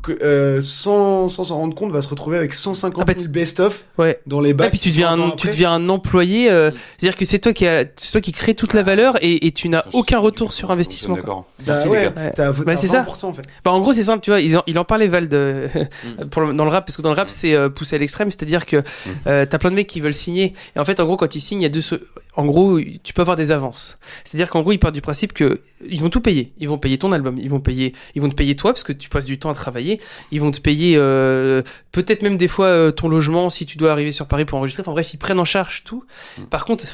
[SPEAKER 4] que, euh, sans sans s'en rendre compte, va se retrouver avec 150
[SPEAKER 1] Ah bah,
[SPEAKER 4] 000 best-of
[SPEAKER 1] Ouais.
[SPEAKER 4] dans les
[SPEAKER 1] Ah,
[SPEAKER 4] bacs.
[SPEAKER 1] puis tu deviens,
[SPEAKER 4] 30 Bah, ans
[SPEAKER 1] un,
[SPEAKER 4] après.
[SPEAKER 1] tu deviens un employé, euh,
[SPEAKER 2] Mm.
[SPEAKER 1] c'est-à-dire que c'est toi qui, a, c'est toi qui crée toute la valeur et, et tu n'as
[SPEAKER 3] Attends, je
[SPEAKER 1] aucun
[SPEAKER 3] sais
[SPEAKER 1] retour
[SPEAKER 3] plus
[SPEAKER 1] sur
[SPEAKER 3] comment
[SPEAKER 1] investissement.
[SPEAKER 3] fonctionne,
[SPEAKER 1] quoi.
[SPEAKER 3] D'accord.
[SPEAKER 4] Bah
[SPEAKER 3] Merci, les
[SPEAKER 4] ouais,
[SPEAKER 3] gars.
[SPEAKER 4] t'as t'as
[SPEAKER 1] Bah, c'est ça.
[SPEAKER 4] 20% en fait.
[SPEAKER 1] Bah en gros c'est simple, tu vois, ils en- il en parlait Val de,
[SPEAKER 2] Mm.
[SPEAKER 1] pour le- dans le rap, parce que dans le rap
[SPEAKER 2] Mm.
[SPEAKER 1] c'est euh, poussé à l'extrême, c'est-à-dire que
[SPEAKER 3] Mm.
[SPEAKER 1] euh, t'as plein de mecs qui veulent signer, et en fait en gros quand ils signent, il y a deux... so- En gros tu peux avoir des avances. C'est-à-dire qu'en gros ils partent du principe que ils vont tout payer, ils vont payer ton album, ils vont payer, ils vont te payer toi parce que tu passes du temps à travailler, ils vont te payer euh, peut-être même des fois euh, ton logement si tu dois arriver sur Paris pour enregistrer, enfin bref ils prennent en charge tout.
[SPEAKER 3] Mm.
[SPEAKER 1] Par contre...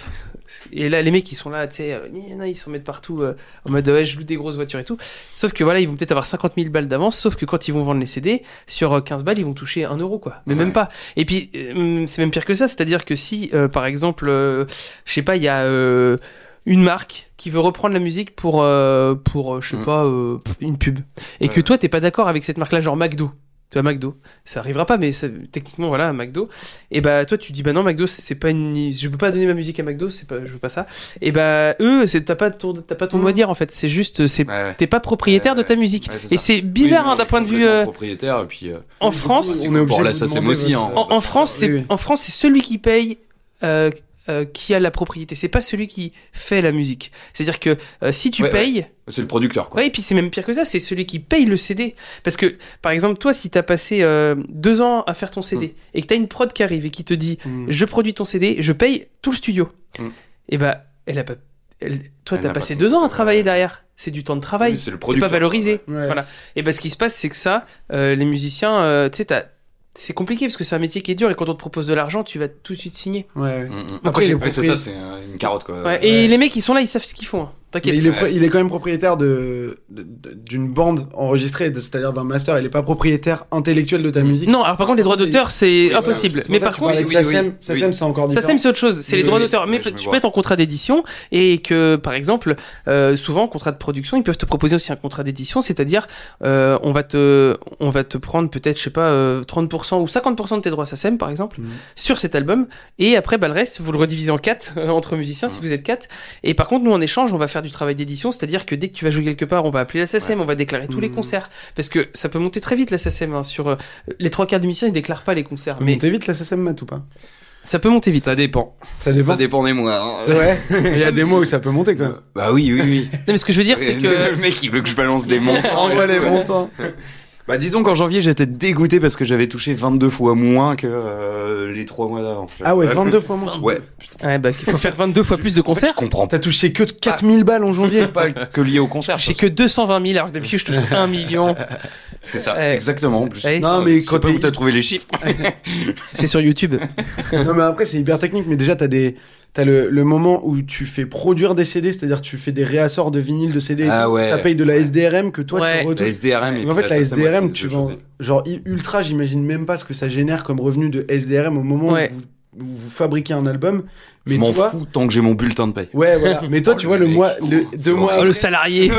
[SPEAKER 1] Et là, les mecs, ils sont là, tu sais, euh, gna, gna, gna, ils s'en mettent partout, euh, en mode, ouais, je loue des grosses voitures et tout. Sauf que voilà, ils vont peut-être avoir 50 000 balles d'avance, sauf que quand ils vont vendre les CD, sur euh, 15 balles, ils vont toucher 1 euro, quoi. Mais
[SPEAKER 3] Ouais.
[SPEAKER 1] même pas. Et puis, euh, c'est même pire que ça, c'est-à-dire que si, euh, par exemple, euh, je sais pas, il y a euh, une marque qui veut reprendre la musique pour, euh, pour euh, je sais
[SPEAKER 3] Mm.
[SPEAKER 1] pas, euh, pff, une pub, et que
[SPEAKER 2] Ouais.
[SPEAKER 1] toi, t'es pas d'accord avec cette marque-là, genre McDo. Tu vois, McDo, ça arrivera pas, mais ça- techniquement, voilà, McDo. Et bah, toi, tu dis, bah non, McDo, c'est pas une. Je peux pas donner ma musique à McDo, c'est pas... je veux pas ça. Et bah, eux, c'est- t'as pas ton, t'as pas ton mot à dire, en fait. C'est juste, c'est
[SPEAKER 3] Ouais, ouais.
[SPEAKER 1] T'es pas propriétaire de ta musique.
[SPEAKER 3] Ouais, Mm. Euh, c'est
[SPEAKER 1] et
[SPEAKER 3] ça.
[SPEAKER 1] c'est bizarre
[SPEAKER 3] Oui,
[SPEAKER 1] hein, d'un
[SPEAKER 3] oui,
[SPEAKER 1] point de vue
[SPEAKER 3] complètement
[SPEAKER 1] euh,
[SPEAKER 3] Propriétaire, et puis. euh,
[SPEAKER 1] en
[SPEAKER 4] Du coup,
[SPEAKER 1] France.
[SPEAKER 4] on est obligé
[SPEAKER 3] Bon, là,
[SPEAKER 4] de
[SPEAKER 3] ça,
[SPEAKER 4] vous
[SPEAKER 3] c'est
[SPEAKER 4] demander
[SPEAKER 3] Mossy,
[SPEAKER 4] votre-
[SPEAKER 3] hein.
[SPEAKER 1] En, en France, c'est
[SPEAKER 4] Oui, oui.
[SPEAKER 1] en France, c'est celui qui paye euh, euh, qui a la propriété. C'est pas celui qui fait la musique. C'est-à-dire que euh, si tu
[SPEAKER 3] Ouais,
[SPEAKER 1] payes,
[SPEAKER 3] C'est le producteur, quoi.
[SPEAKER 1] Ouais, et puis c'est même pire que ça, c'est celui qui paye le CD. Parce que, par exemple, toi, si t'as passé euh, deux ans à faire ton CD
[SPEAKER 3] Mm.
[SPEAKER 1] et que t'as une prod qui arrive et qui te dit
[SPEAKER 4] Mm.
[SPEAKER 1] je produis ton CD, je paye tout le studio,
[SPEAKER 3] Mm.
[SPEAKER 1] et bah, elle a pas. elle- toi,
[SPEAKER 3] Elle
[SPEAKER 1] t'as
[SPEAKER 3] n'a
[SPEAKER 1] passé
[SPEAKER 3] pas
[SPEAKER 1] deux
[SPEAKER 3] compris,
[SPEAKER 1] ans à
[SPEAKER 3] ouais.
[SPEAKER 1] travailler derrière. C'est du temps de travail.
[SPEAKER 3] Mais c'est le
[SPEAKER 1] C'est pas
[SPEAKER 3] producteur,
[SPEAKER 1] valorisé.
[SPEAKER 4] Ouais.
[SPEAKER 1] Voilà. Et ben ce qui se passe, c'est que ça, euh, les musiciens, euh, tu sais, t'as- c'est compliqué parce que c'est un métier qui est dur et quand on te propose de l'argent, tu vas tout de suite signer.
[SPEAKER 4] Ouais, ouais.
[SPEAKER 3] Mm, mm.
[SPEAKER 4] Après,
[SPEAKER 3] Après,
[SPEAKER 4] j'ai
[SPEAKER 3] c'est
[SPEAKER 4] compris.
[SPEAKER 3] ça, c'est euh, une carotte, quoi.
[SPEAKER 1] Ouais, Et les mecs, ils sont là, ils savent ce qu'ils font. hein. T'inquiète T'inquiète.
[SPEAKER 4] Mais il, est,
[SPEAKER 2] Ouais.
[SPEAKER 4] pro- il est quand même propriétaire de, de- de- d'une bande enregistrée, de- c'est-à-dire d'un master. Il est pas propriétaire intellectuel de ta musique.
[SPEAKER 1] Mm. Non, alors par contre, les droits d'auteur, c'est impossible.
[SPEAKER 3] c'est
[SPEAKER 1] Mais par contre,
[SPEAKER 3] parlais
[SPEAKER 4] avec
[SPEAKER 3] oui, oui,
[SPEAKER 4] SACEM,
[SPEAKER 3] oui.
[SPEAKER 4] SACEM, c'est encore
[SPEAKER 1] Ça,
[SPEAKER 4] différent.
[SPEAKER 1] c'est c'est autre chose, c'est les
[SPEAKER 3] Oui,
[SPEAKER 1] droits
[SPEAKER 3] oui,
[SPEAKER 1] d'auteur.
[SPEAKER 3] oui,
[SPEAKER 1] Mais
[SPEAKER 3] je
[SPEAKER 1] tu
[SPEAKER 3] vois.
[SPEAKER 1] peux être en contrat d'édition et que, par exemple, euh, souvent, en contrat de production, ils peuvent te proposer aussi un contrat d'édition, c'est-à-dire, euh, on va te, on va te prendre peut-être, je sais pas, euh, 30% ou 50% de tes droits SACEM, par exemple,
[SPEAKER 4] Mhm.
[SPEAKER 1] sur cet album. Et après, bah, le reste, vous le redivisez en quatre euh, entre musiciens,
[SPEAKER 3] Mm.
[SPEAKER 1] si vous êtes quatre. Et par contre, nous, en échange, on va faire du travail d'édition, c'est-à-dire que dès que tu vas jouer quelque part, on va appeler la SACEM, on va déclarer tous les
[SPEAKER 4] Mhm.
[SPEAKER 1] concerts, parce que ça peut monter très vite la SACEM. hein, sur euh, les trois quarts des musiciens, ils déclarent pas les concerts, mais
[SPEAKER 4] Mais t'évites la SACEM mat ou pas
[SPEAKER 1] ça peut monter vite.
[SPEAKER 3] Ça dépend.
[SPEAKER 4] Ça dépend.
[SPEAKER 3] des mois. hein.
[SPEAKER 4] Ouais. Il y a des mois où ça peut monter quand même.
[SPEAKER 3] Bah oui, oui, oui.
[SPEAKER 1] Non, mais ce que je veux dire, c'est que
[SPEAKER 3] Le mec, il veut que je balance des montants.
[SPEAKER 4] Envoie
[SPEAKER 3] et
[SPEAKER 4] les
[SPEAKER 3] tout.
[SPEAKER 4] montants.
[SPEAKER 3] Bah disons qu'en janvier, j'étais dégoûté parce que j'avais touché 22 fois moins que euh, les 3 mois d'avant.
[SPEAKER 4] Ah ouais, 22 fois moins.
[SPEAKER 3] Ouais,
[SPEAKER 1] Ouais, bah, il faut faire 22 fois plus de
[SPEAKER 3] en fait, je
[SPEAKER 1] concerts.
[SPEAKER 3] comprends
[SPEAKER 4] T'as touché que 4000 balles en janvier.
[SPEAKER 3] pas que lié au concert.
[SPEAKER 1] J'ai que 220 000, alors que d'habitude, je touche 1 million.
[SPEAKER 3] C'est ça,
[SPEAKER 1] Eh.
[SPEAKER 3] exactement. En plus.
[SPEAKER 1] Eh.
[SPEAKER 4] Non, mais
[SPEAKER 3] je sais
[SPEAKER 4] quand
[SPEAKER 3] pas
[SPEAKER 4] t'es-
[SPEAKER 3] où t'as trouvé les chiffres.
[SPEAKER 1] C'est sur YouTube.
[SPEAKER 4] Non, mais après, c'est hyper technique. Mais déjà, t'as des. T'as le, le moment où tu fais produire des CD, c'est-à-dire tu fais des réassorts de vinyle de CD. et
[SPEAKER 3] Ah
[SPEAKER 4] tout.
[SPEAKER 3] ouais.
[SPEAKER 4] Ça paye de la SDRM que toi
[SPEAKER 1] Ouais.
[SPEAKER 4] tu
[SPEAKER 3] La
[SPEAKER 4] retouches.
[SPEAKER 3] SDRM. et
[SPEAKER 4] Mais en
[SPEAKER 3] puis
[SPEAKER 4] fait,
[SPEAKER 3] la
[SPEAKER 4] la
[SPEAKER 3] SACEM, ouais,
[SPEAKER 4] SDRM,
[SPEAKER 3] c'est
[SPEAKER 4] tu
[SPEAKER 3] deux
[SPEAKER 4] vends.
[SPEAKER 3] choses.
[SPEAKER 4] Genre, i- Ultra, j'imagine même pas ce que ça génère comme revenu de SDRM au moment
[SPEAKER 1] Ouais.
[SPEAKER 4] où, vous, où vous fabriquez un album. Mais
[SPEAKER 3] Je
[SPEAKER 4] tu
[SPEAKER 3] m'en
[SPEAKER 4] vois-
[SPEAKER 3] fous tant que j'ai mon bulletin de paye.
[SPEAKER 4] Ouais, voilà. Mais toi,
[SPEAKER 3] Oh,
[SPEAKER 4] tu
[SPEAKER 3] le
[SPEAKER 4] vois, le
[SPEAKER 3] mec.
[SPEAKER 4] mois, le,
[SPEAKER 3] Oh, c'est
[SPEAKER 4] deux mois.
[SPEAKER 1] Oh,
[SPEAKER 4] après-
[SPEAKER 1] le salarié.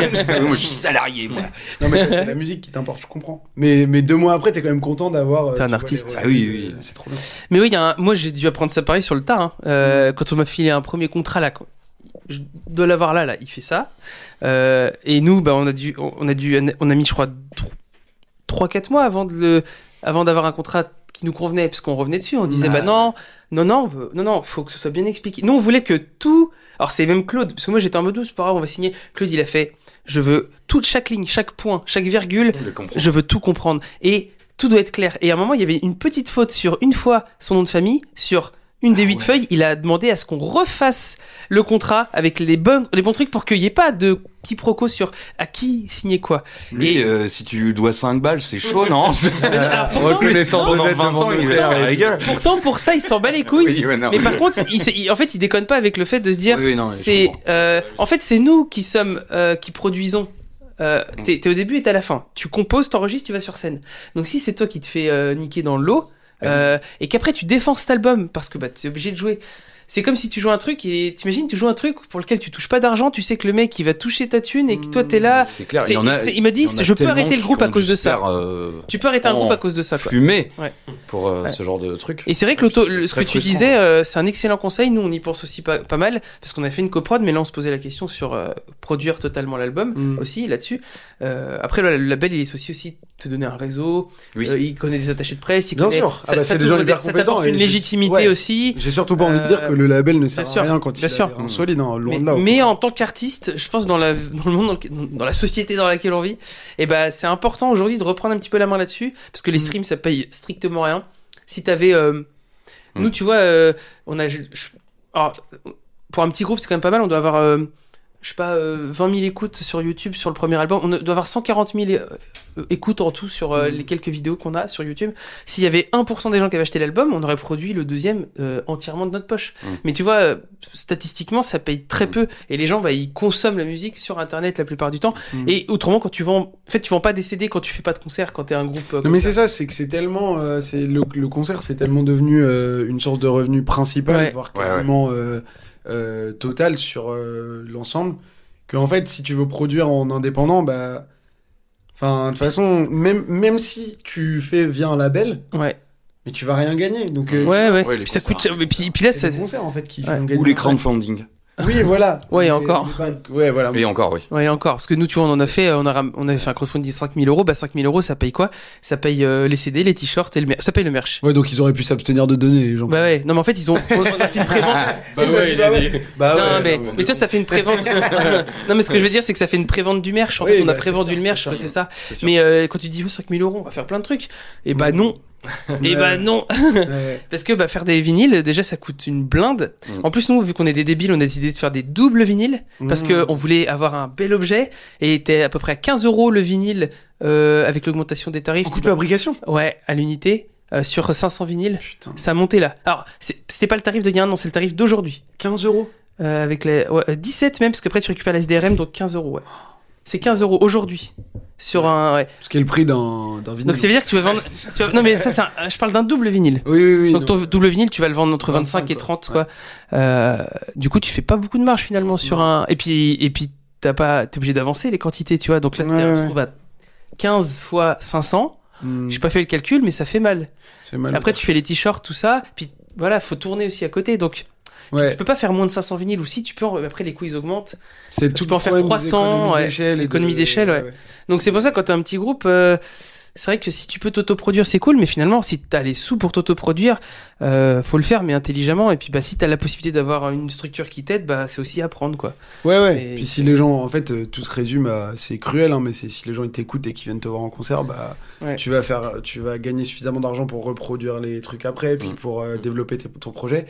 [SPEAKER 3] moi, je suis salarié, moi.
[SPEAKER 4] Non, mais ça, c'est la musique qui t'importe, je comprends. Mais, mais deux mois après, t'es quand même content d'avoir. euh,
[SPEAKER 1] T'es un
[SPEAKER 4] tu vois,
[SPEAKER 1] artiste.
[SPEAKER 4] les
[SPEAKER 3] Ah
[SPEAKER 4] revenus
[SPEAKER 3] oui, oui,
[SPEAKER 4] de-
[SPEAKER 3] oui.
[SPEAKER 4] C'est trop bien.
[SPEAKER 1] Mais oui, il y a un- moi, j'ai dû apprendre ça pareil sur le tard. hein. Euh, Quand on m'a filé un premier contrat, là, quoi. Je dois l'avoir là, là. Il fait ça. Euh, et nous, bah, on a dû, on a dû, on a mis, je crois, 3-4 mois avant de le, avant d'avoir un contrat qui nous convenait, parce qu'on revenait dessus. On disait, bah, non, non, non, on veut- non, non, faut que ce soit bien expliqué. Nous, on voulait que tout, alors c'est même Claude, parce que moi, j'étais en mode, c'est pas grave, on va signer. Claude, il a fait, je veux toute chaque ligne, chaque point, chaque virgule,
[SPEAKER 3] Je le comprends.
[SPEAKER 1] je veux tout comprendre. Et tout doit être clair. Et à un moment, il y avait une petite faute sur une fois son nom de famille, sur une des huit feuilles, il a demandé à ce qu'on refasse le contrat avec les, bonnes, les bons trucs pour qu'il n'y ait pas de quiproquo sur à qui signer quoi.
[SPEAKER 3] Lui,
[SPEAKER 1] Et-
[SPEAKER 3] euh, si tu lui dois 5 balles, c'est chaud, non
[SPEAKER 1] Mais non, alors, pourtant,
[SPEAKER 3] Pendant 20 ans, il va te faire la gueule.
[SPEAKER 1] pourtant, pour ça, il s'en bat les couilles.
[SPEAKER 3] Oui, ouais, non.
[SPEAKER 1] Mais par contre, il, s'est- il- en fait, il déconne pas avec le fait de se dire,
[SPEAKER 3] Oui, oui, non, mais je
[SPEAKER 1] c'est,
[SPEAKER 3] comprends.
[SPEAKER 1] euh, en fait, c'est nous qui sommes, euh, qui produisons. Euh, t'es, t'es au début et t'es à la fin. Tu composes, t'enregistres, tu vas sur scène. Donc si c'est toi qui te fais euh, niquer dans l'eau euh, et qu'après tu défends cet album parce que bah t'es obligé de jouer. C'est comme si tu joues un truc et t'imagines tu joues un truc pour lequel tu touches pas d'argent. Tu sais que le mec il va toucher ta thune et que toi t'es là.
[SPEAKER 3] C'est clair,
[SPEAKER 1] c'est-
[SPEAKER 3] Mmh. il y en a.
[SPEAKER 1] c'est- il m'a dit,
[SPEAKER 3] il y en a
[SPEAKER 1] je peux
[SPEAKER 3] tellement
[SPEAKER 1] arrêter le
[SPEAKER 3] qui
[SPEAKER 1] groupe à
[SPEAKER 3] ont
[SPEAKER 1] cause
[SPEAKER 3] dû
[SPEAKER 1] de
[SPEAKER 3] se
[SPEAKER 1] ça.
[SPEAKER 3] faire, euh,
[SPEAKER 1] Tu peux arrêter un
[SPEAKER 3] Oh.
[SPEAKER 1] groupe à cause de ça. Quoi.
[SPEAKER 3] Fumer
[SPEAKER 1] Ouais.
[SPEAKER 3] pour euh,
[SPEAKER 1] Ouais.
[SPEAKER 3] ce genre de truc.
[SPEAKER 1] Et c'est vrai que l'auto, le- ce que
[SPEAKER 3] Très
[SPEAKER 1] tu
[SPEAKER 3] frustrant.
[SPEAKER 4] hein.
[SPEAKER 1] disais, euh, c'est un excellent conseil. Nous, on y pense aussi pas, pas mal parce qu'on a fait une coprod, mais là, on se posait la question sur euh, produire totalement l'album
[SPEAKER 4] Mm.
[SPEAKER 1] aussi là-dessus. Euh, après, le, le label, il est aussi aussi de te donner un réseau.
[SPEAKER 3] Oui.
[SPEAKER 1] Euh, il connaît des attachés de presse. Il
[SPEAKER 4] Bien
[SPEAKER 1] connaît-
[SPEAKER 4] sûr. Ah bah, c'est des
[SPEAKER 1] t'ouvre
[SPEAKER 4] gens hyper
[SPEAKER 1] ça t'apporte
[SPEAKER 4] compétents et
[SPEAKER 1] une
[SPEAKER 4] je-
[SPEAKER 1] légitimité
[SPEAKER 4] ouais.
[SPEAKER 1] aussi.
[SPEAKER 4] J'ai surtout pas envie de
[SPEAKER 1] Euh,
[SPEAKER 4] dire que le label ne
[SPEAKER 1] bien
[SPEAKER 4] sert
[SPEAKER 1] sûr,
[SPEAKER 4] à rien quand
[SPEAKER 1] bien
[SPEAKER 4] il
[SPEAKER 1] sûr.
[SPEAKER 4] est insolide, hein, loin
[SPEAKER 1] Mais,
[SPEAKER 4] de là.
[SPEAKER 1] mais en tant qu'artiste, je pense dans, la, dans le monde, dans lequel- dans la société dans laquelle on vit, eh ben c'est important aujourd'hui de reprendre un petit peu la main là-dessus, parce
[SPEAKER 4] Mm.
[SPEAKER 1] que les streams ça paye strictement rien. Si t'avais, euh,
[SPEAKER 4] Mm.
[SPEAKER 1] nous tu vois, euh, on a, je- je- alors, pour un petit groupe c'est quand même pas mal, on doit avoir, euh, je sais pas, euh, 20 000 écoutes sur YouTube sur le premier album, on doit avoir 140 000 euh, euh, écoutes en tout sur euh, les quelques vidéos qu'on a sur YouTube. S'il y avait 1% des gens qui avaient acheté l'album, on aurait produit le deuxième euh, entièrement de notre poche.
[SPEAKER 3] Mm.
[SPEAKER 1] Mais tu vois, euh, statistiquement, ça paye très
[SPEAKER 3] Mm.
[SPEAKER 1] peu. Et les gens, bah, ils consomment la musique sur Internet la plupart du temps.
[SPEAKER 4] Mm.
[SPEAKER 1] Et autrement, quand tu vends, en fait, tu vends pas des CD quand tu fais pas de concert, quand t'es un groupe. euh,
[SPEAKER 4] Non
[SPEAKER 1] comme
[SPEAKER 4] mais
[SPEAKER 1] ça.
[SPEAKER 4] c'est ça, c'est que c'est tellement, euh, c'est le, le concert, c'est tellement devenu euh, une source de revenu principale,
[SPEAKER 1] Ouais.
[SPEAKER 4] voire
[SPEAKER 3] Ouais, ouais.
[SPEAKER 4] quasiment euh, euh, totale sur euh, l'ensemble, que en fait, si tu veux produire en indépendant, bah, enfin, de toute façon, même même si tu fais via un label,
[SPEAKER 1] Ouais,
[SPEAKER 4] mais tu vas rien gagner. Donc euh,
[SPEAKER 1] ouais, ouais.
[SPEAKER 3] Ouais, les
[SPEAKER 1] Puis ça
[SPEAKER 3] concerts.
[SPEAKER 1] coûte. Mais puis, puis là,
[SPEAKER 4] c'est
[SPEAKER 1] ça.
[SPEAKER 4] les concerts en fait qui
[SPEAKER 1] Ouais.
[SPEAKER 4] font gagner.
[SPEAKER 3] Ou les crowdfunding.
[SPEAKER 1] Ah
[SPEAKER 4] Oui, voilà.
[SPEAKER 1] Ouais,
[SPEAKER 4] Mais-
[SPEAKER 1] encore.
[SPEAKER 4] mais pas- Ouais, voilà.
[SPEAKER 3] Et encore, oui.
[SPEAKER 1] Ouais, encore. Parce que nous, tu vois, on en a fait, euh, on a, ram- on avait fait un crowdfunding de 5000 euros. Bah, 5000 euros, ça paye quoi? Ça paye euh, les CD, les t-shirts et le mer- ça paye le merch.
[SPEAKER 4] Ouais, donc ils auraient pu s'abstenir de donner les gens.
[SPEAKER 1] Bah ouais, non mais en fait ils ont on on a fait une prévente.
[SPEAKER 2] Bah
[SPEAKER 4] Et toi, tu
[SPEAKER 2] ouais, il
[SPEAKER 4] vas
[SPEAKER 2] a
[SPEAKER 4] voir.
[SPEAKER 2] dit.
[SPEAKER 4] Bah
[SPEAKER 1] non, mais, mais tu vois ça fait une prévente. non mais ce que je veux dire c'est que ça fait une prévente du merch en
[SPEAKER 4] Oui,
[SPEAKER 1] fait, on a
[SPEAKER 4] bah, c'est
[SPEAKER 1] prévendu
[SPEAKER 4] sûr,
[SPEAKER 1] le
[SPEAKER 4] c'est
[SPEAKER 1] merch,
[SPEAKER 4] sûr.
[SPEAKER 1] ouais, c'est ça.
[SPEAKER 3] sûr.
[SPEAKER 1] Mais euh, quand tu dis oh, 5000 euros, on va faire plein de trucs. Et bah non, et bah non.
[SPEAKER 4] Ouais.
[SPEAKER 1] Parce que bah, faire des vinyles, déjà, ça coûte une blinde.
[SPEAKER 3] Mm.
[SPEAKER 1] En plus, nous, vu qu'on est des débiles, on a décidé de faire des doubles vinyles parce
[SPEAKER 4] Mmh.
[SPEAKER 1] que
[SPEAKER 4] Hmm.
[SPEAKER 1] on voulait avoir un bel objet et était à peu près à 15 euros le vinyle euh, avec l'augmentation des tarifs.
[SPEAKER 4] En coût de fabrication.
[SPEAKER 1] Ouais, à l'unité euh, sur 500 vinyles,
[SPEAKER 4] Putain,
[SPEAKER 1] ça a monté là. Alors, c'est- c'était pas le tarif de gain, non, c'est le tarif d'aujourd'hui.
[SPEAKER 4] 15 euros.
[SPEAKER 1] euh, avec les ouais, euh, 17 même, parce qu'après tu récupères la SDRM, donc 15 euros. Ouais. C'est 15 euros aujourd'hui sur un. ouais.
[SPEAKER 4] Ce qui est le prix d'un d'un vinyle.
[SPEAKER 1] Donc ça veut dire que tu vas vendre. tu vas- Non mais ça, c'est un- je parle d'un double vinyle.
[SPEAKER 4] Oui, oui, oui.
[SPEAKER 1] Donc
[SPEAKER 4] non.
[SPEAKER 1] ton double vinyle, tu vas le vendre entre 25,
[SPEAKER 4] 25,
[SPEAKER 1] et 30 quoi. Euh, du coup, tu fais pas beaucoup de marge finalement sur un. Et puis et puis t'as pas, t'es obligé d'avancer les quantités, tu vois. Donc là,
[SPEAKER 4] Ouais,
[SPEAKER 1] on se
[SPEAKER 4] ouais.
[SPEAKER 1] retrouve à 15 bah, fois 500.
[SPEAKER 4] Hmm,
[SPEAKER 1] J'ai pas fait le calcul, mais ça fait mal.
[SPEAKER 4] C'est mal.
[SPEAKER 1] Après, tu fais les t-shirts, tout ça, puis voilà, faut tourner aussi à côté. Donc, tu
[SPEAKER 4] ouais,
[SPEAKER 1] peux pas faire moins de 500 vinyles, ou si tu peux, en- après les coûts ils augmentent.
[SPEAKER 4] c'est
[SPEAKER 1] tu
[SPEAKER 4] tout
[SPEAKER 1] peux en faire 300, ouais, économie d'échelle, ouais. Donc, c'est pour ça, quand t'as un petit groupe, euh, c'est vrai que si tu peux t'autoproduire, c'est cool, mais finalement, si t'as les sous pour t'autoproduire, euh, faut le faire, mais intelligemment. Et puis, bah, si t'as la possibilité d'avoir une structure qui t'aide, bah, c'est aussi apprendre, quoi.
[SPEAKER 4] Ouais, ouais.
[SPEAKER 1] C'est-
[SPEAKER 4] Puis si les gens, en fait, euh, tout se résume à, c'est cruel, hein, mais c'est si les gens ils t'écoutent et qu'ils viennent te voir en concert, bah,
[SPEAKER 1] Ouais.
[SPEAKER 4] tu vas faire, tu vas gagner suffisamment d'argent pour reproduire les trucs après, puis
[SPEAKER 3] Mm.
[SPEAKER 4] pour euh, développer tes- ton projet.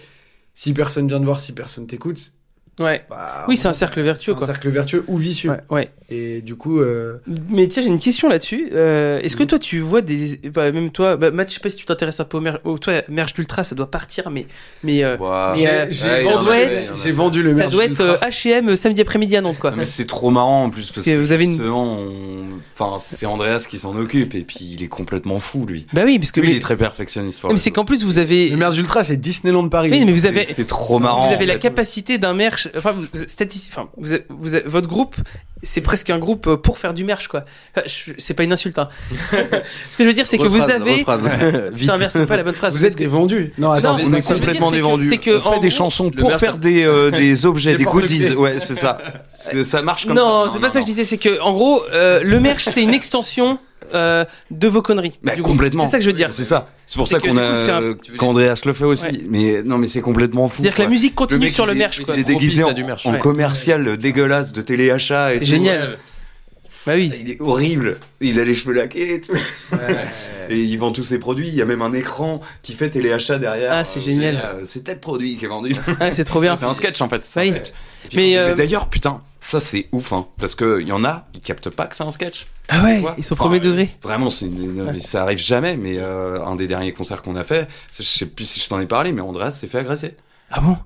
[SPEAKER 4] Si personne vient te voir, si personne t'écoute,
[SPEAKER 1] Ouais.
[SPEAKER 4] bah,
[SPEAKER 1] Ah, Oui,
[SPEAKER 4] en
[SPEAKER 1] c'est un
[SPEAKER 4] fait,
[SPEAKER 1] cercle vertueux,
[SPEAKER 4] c'est un
[SPEAKER 1] quoi.
[SPEAKER 4] cercle vertueux ou vicieux.
[SPEAKER 1] Ouais, ouais.
[SPEAKER 4] Et du coup, euh,
[SPEAKER 1] Mais tiens, j'ai une question là-dessus. Euh, Est-ce que
[SPEAKER 4] Mmh.
[SPEAKER 1] toi, tu vois des. bah, même toi, bah, Matt, je sais pas si tu t'intéresses un peu au merge. au- toi, merge d'ultra, ça doit partir, mais. mais euh,
[SPEAKER 3] Ouah.
[SPEAKER 1] Mais, euh,
[SPEAKER 3] Ah. Ouais,
[SPEAKER 1] j'ai
[SPEAKER 3] il y en a
[SPEAKER 1] vendu-
[SPEAKER 3] plein,
[SPEAKER 1] ouais,
[SPEAKER 3] il y en a
[SPEAKER 4] j'ai
[SPEAKER 3] plein.
[SPEAKER 4] vendu le
[SPEAKER 1] ça
[SPEAKER 4] merch
[SPEAKER 1] doit être
[SPEAKER 4] ultra.
[SPEAKER 1] euh, HM euh, samedi après-midi à Nantes, quoi.
[SPEAKER 3] Non, Ah, mais c'est trop marrant en plus parce,
[SPEAKER 1] Parce que vous avez une-
[SPEAKER 3] justement, on- enfin c'est Andreas qui s'en occupe et puis il est complètement fou lui.
[SPEAKER 1] Bah oui, parce que.
[SPEAKER 3] Lui,
[SPEAKER 1] mais
[SPEAKER 3] il est très perfectionniste. pour
[SPEAKER 1] mais
[SPEAKER 3] le
[SPEAKER 1] c'est
[SPEAKER 3] coup.
[SPEAKER 1] qu'en plus, vous avez.
[SPEAKER 4] Le merch ultra, c'est Disneyland de Paris.
[SPEAKER 1] Oui, mais vous avez.
[SPEAKER 3] C'est- c'est trop marrant.
[SPEAKER 1] vous avez
[SPEAKER 3] en
[SPEAKER 1] la
[SPEAKER 3] fait.
[SPEAKER 1] capacité d'un merch. Enfin, vous, vous- statistique- enfin, vous, vous- votre groupe, c'est presque un groupe euh, pour faire du merch, quoi. Enfin, je- C'est pas une insulte. hein. Ce que je veux dire, c'est que vous
[SPEAKER 2] Rephrase,
[SPEAKER 1] avez.
[SPEAKER 2] rephrase.
[SPEAKER 1] Putain, merde, c'est pas la bonne phrase.
[SPEAKER 4] Vous êtes des vendus. Non,
[SPEAKER 1] Non,
[SPEAKER 4] attends,
[SPEAKER 1] mais
[SPEAKER 3] on est
[SPEAKER 1] ce que je veux dire,
[SPEAKER 3] complètement
[SPEAKER 1] c'est que-
[SPEAKER 3] dévendu.
[SPEAKER 1] c'est que,
[SPEAKER 3] on
[SPEAKER 1] en
[SPEAKER 3] fait des
[SPEAKER 1] gros,
[SPEAKER 3] chansons
[SPEAKER 2] le
[SPEAKER 3] pour
[SPEAKER 2] merch-
[SPEAKER 3] faire des, euh, des objets, des, goodies.
[SPEAKER 4] porte-clés.
[SPEAKER 3] Ouais, c'est ça. C'est- Ça marche comme ça.
[SPEAKER 1] non, c'est pas ça que je disais, c'est que en gros, euh, le merch c'est une extension euh, de vos conneries.
[SPEAKER 3] Bah,
[SPEAKER 1] du groupe.
[SPEAKER 3] complètement.
[SPEAKER 1] C'est ça que je veux dire.
[SPEAKER 3] C'est ça. C'est pour
[SPEAKER 1] C'est
[SPEAKER 3] ça
[SPEAKER 1] que
[SPEAKER 3] qu'on
[SPEAKER 1] du
[SPEAKER 3] a
[SPEAKER 1] coup, c'est un-
[SPEAKER 3] euh,
[SPEAKER 2] Tu veux dire-
[SPEAKER 3] qu'Andreas le fait aussi. Mais non, mais c'est complètement fou.
[SPEAKER 1] C'est-à-dire que la
[SPEAKER 3] quoi.
[SPEAKER 1] musique continue
[SPEAKER 3] mec,
[SPEAKER 1] sur
[SPEAKER 3] il
[SPEAKER 1] le
[SPEAKER 3] est-
[SPEAKER 1] merch. quoi.
[SPEAKER 3] Il est
[SPEAKER 2] Gros
[SPEAKER 3] déguisé
[SPEAKER 2] pisse,
[SPEAKER 3] en,
[SPEAKER 2] il y a du merch.
[SPEAKER 3] en
[SPEAKER 1] Ouais.
[SPEAKER 3] commercial euh, dégueulasse de téléachat et
[SPEAKER 1] C'est
[SPEAKER 3] tout. Ah,
[SPEAKER 1] génial. Bah oui.
[SPEAKER 3] Il est horrible. Il a les cheveux laqués et tout. Et il vend tous ses produits. Il y a même un écran qui fait téléachat derrière.
[SPEAKER 1] Ah, c'est
[SPEAKER 3] Euh,
[SPEAKER 1] génial.
[SPEAKER 3] euh, C'est tel produit qui est vendu.
[SPEAKER 1] Ouais, c'est trop bien.
[SPEAKER 3] C'est un sketch en fait. c'est un
[SPEAKER 1] Oui.
[SPEAKER 3] sketch. Puis
[SPEAKER 1] Mais,
[SPEAKER 3] quand c'est-
[SPEAKER 1] euh,
[SPEAKER 3] mais d'ailleurs, putain, ça c'est ouf, hein, parce que il y en a, ils captent pas que c'est un sketch.
[SPEAKER 1] Ah ouais,
[SPEAKER 3] Quoi
[SPEAKER 1] ils sont
[SPEAKER 3] Enfin,
[SPEAKER 1] premier
[SPEAKER 3] euh,
[SPEAKER 1] degré.
[SPEAKER 3] Vraiment, c'est une- une-
[SPEAKER 1] Ouais.
[SPEAKER 3] ça arrive jamais. Mais euh, un des derniers concerts qu'on a fait, je sais plus si je t'en ai parlé, mais Andreas s'est fait agresser.
[SPEAKER 1] Ah bon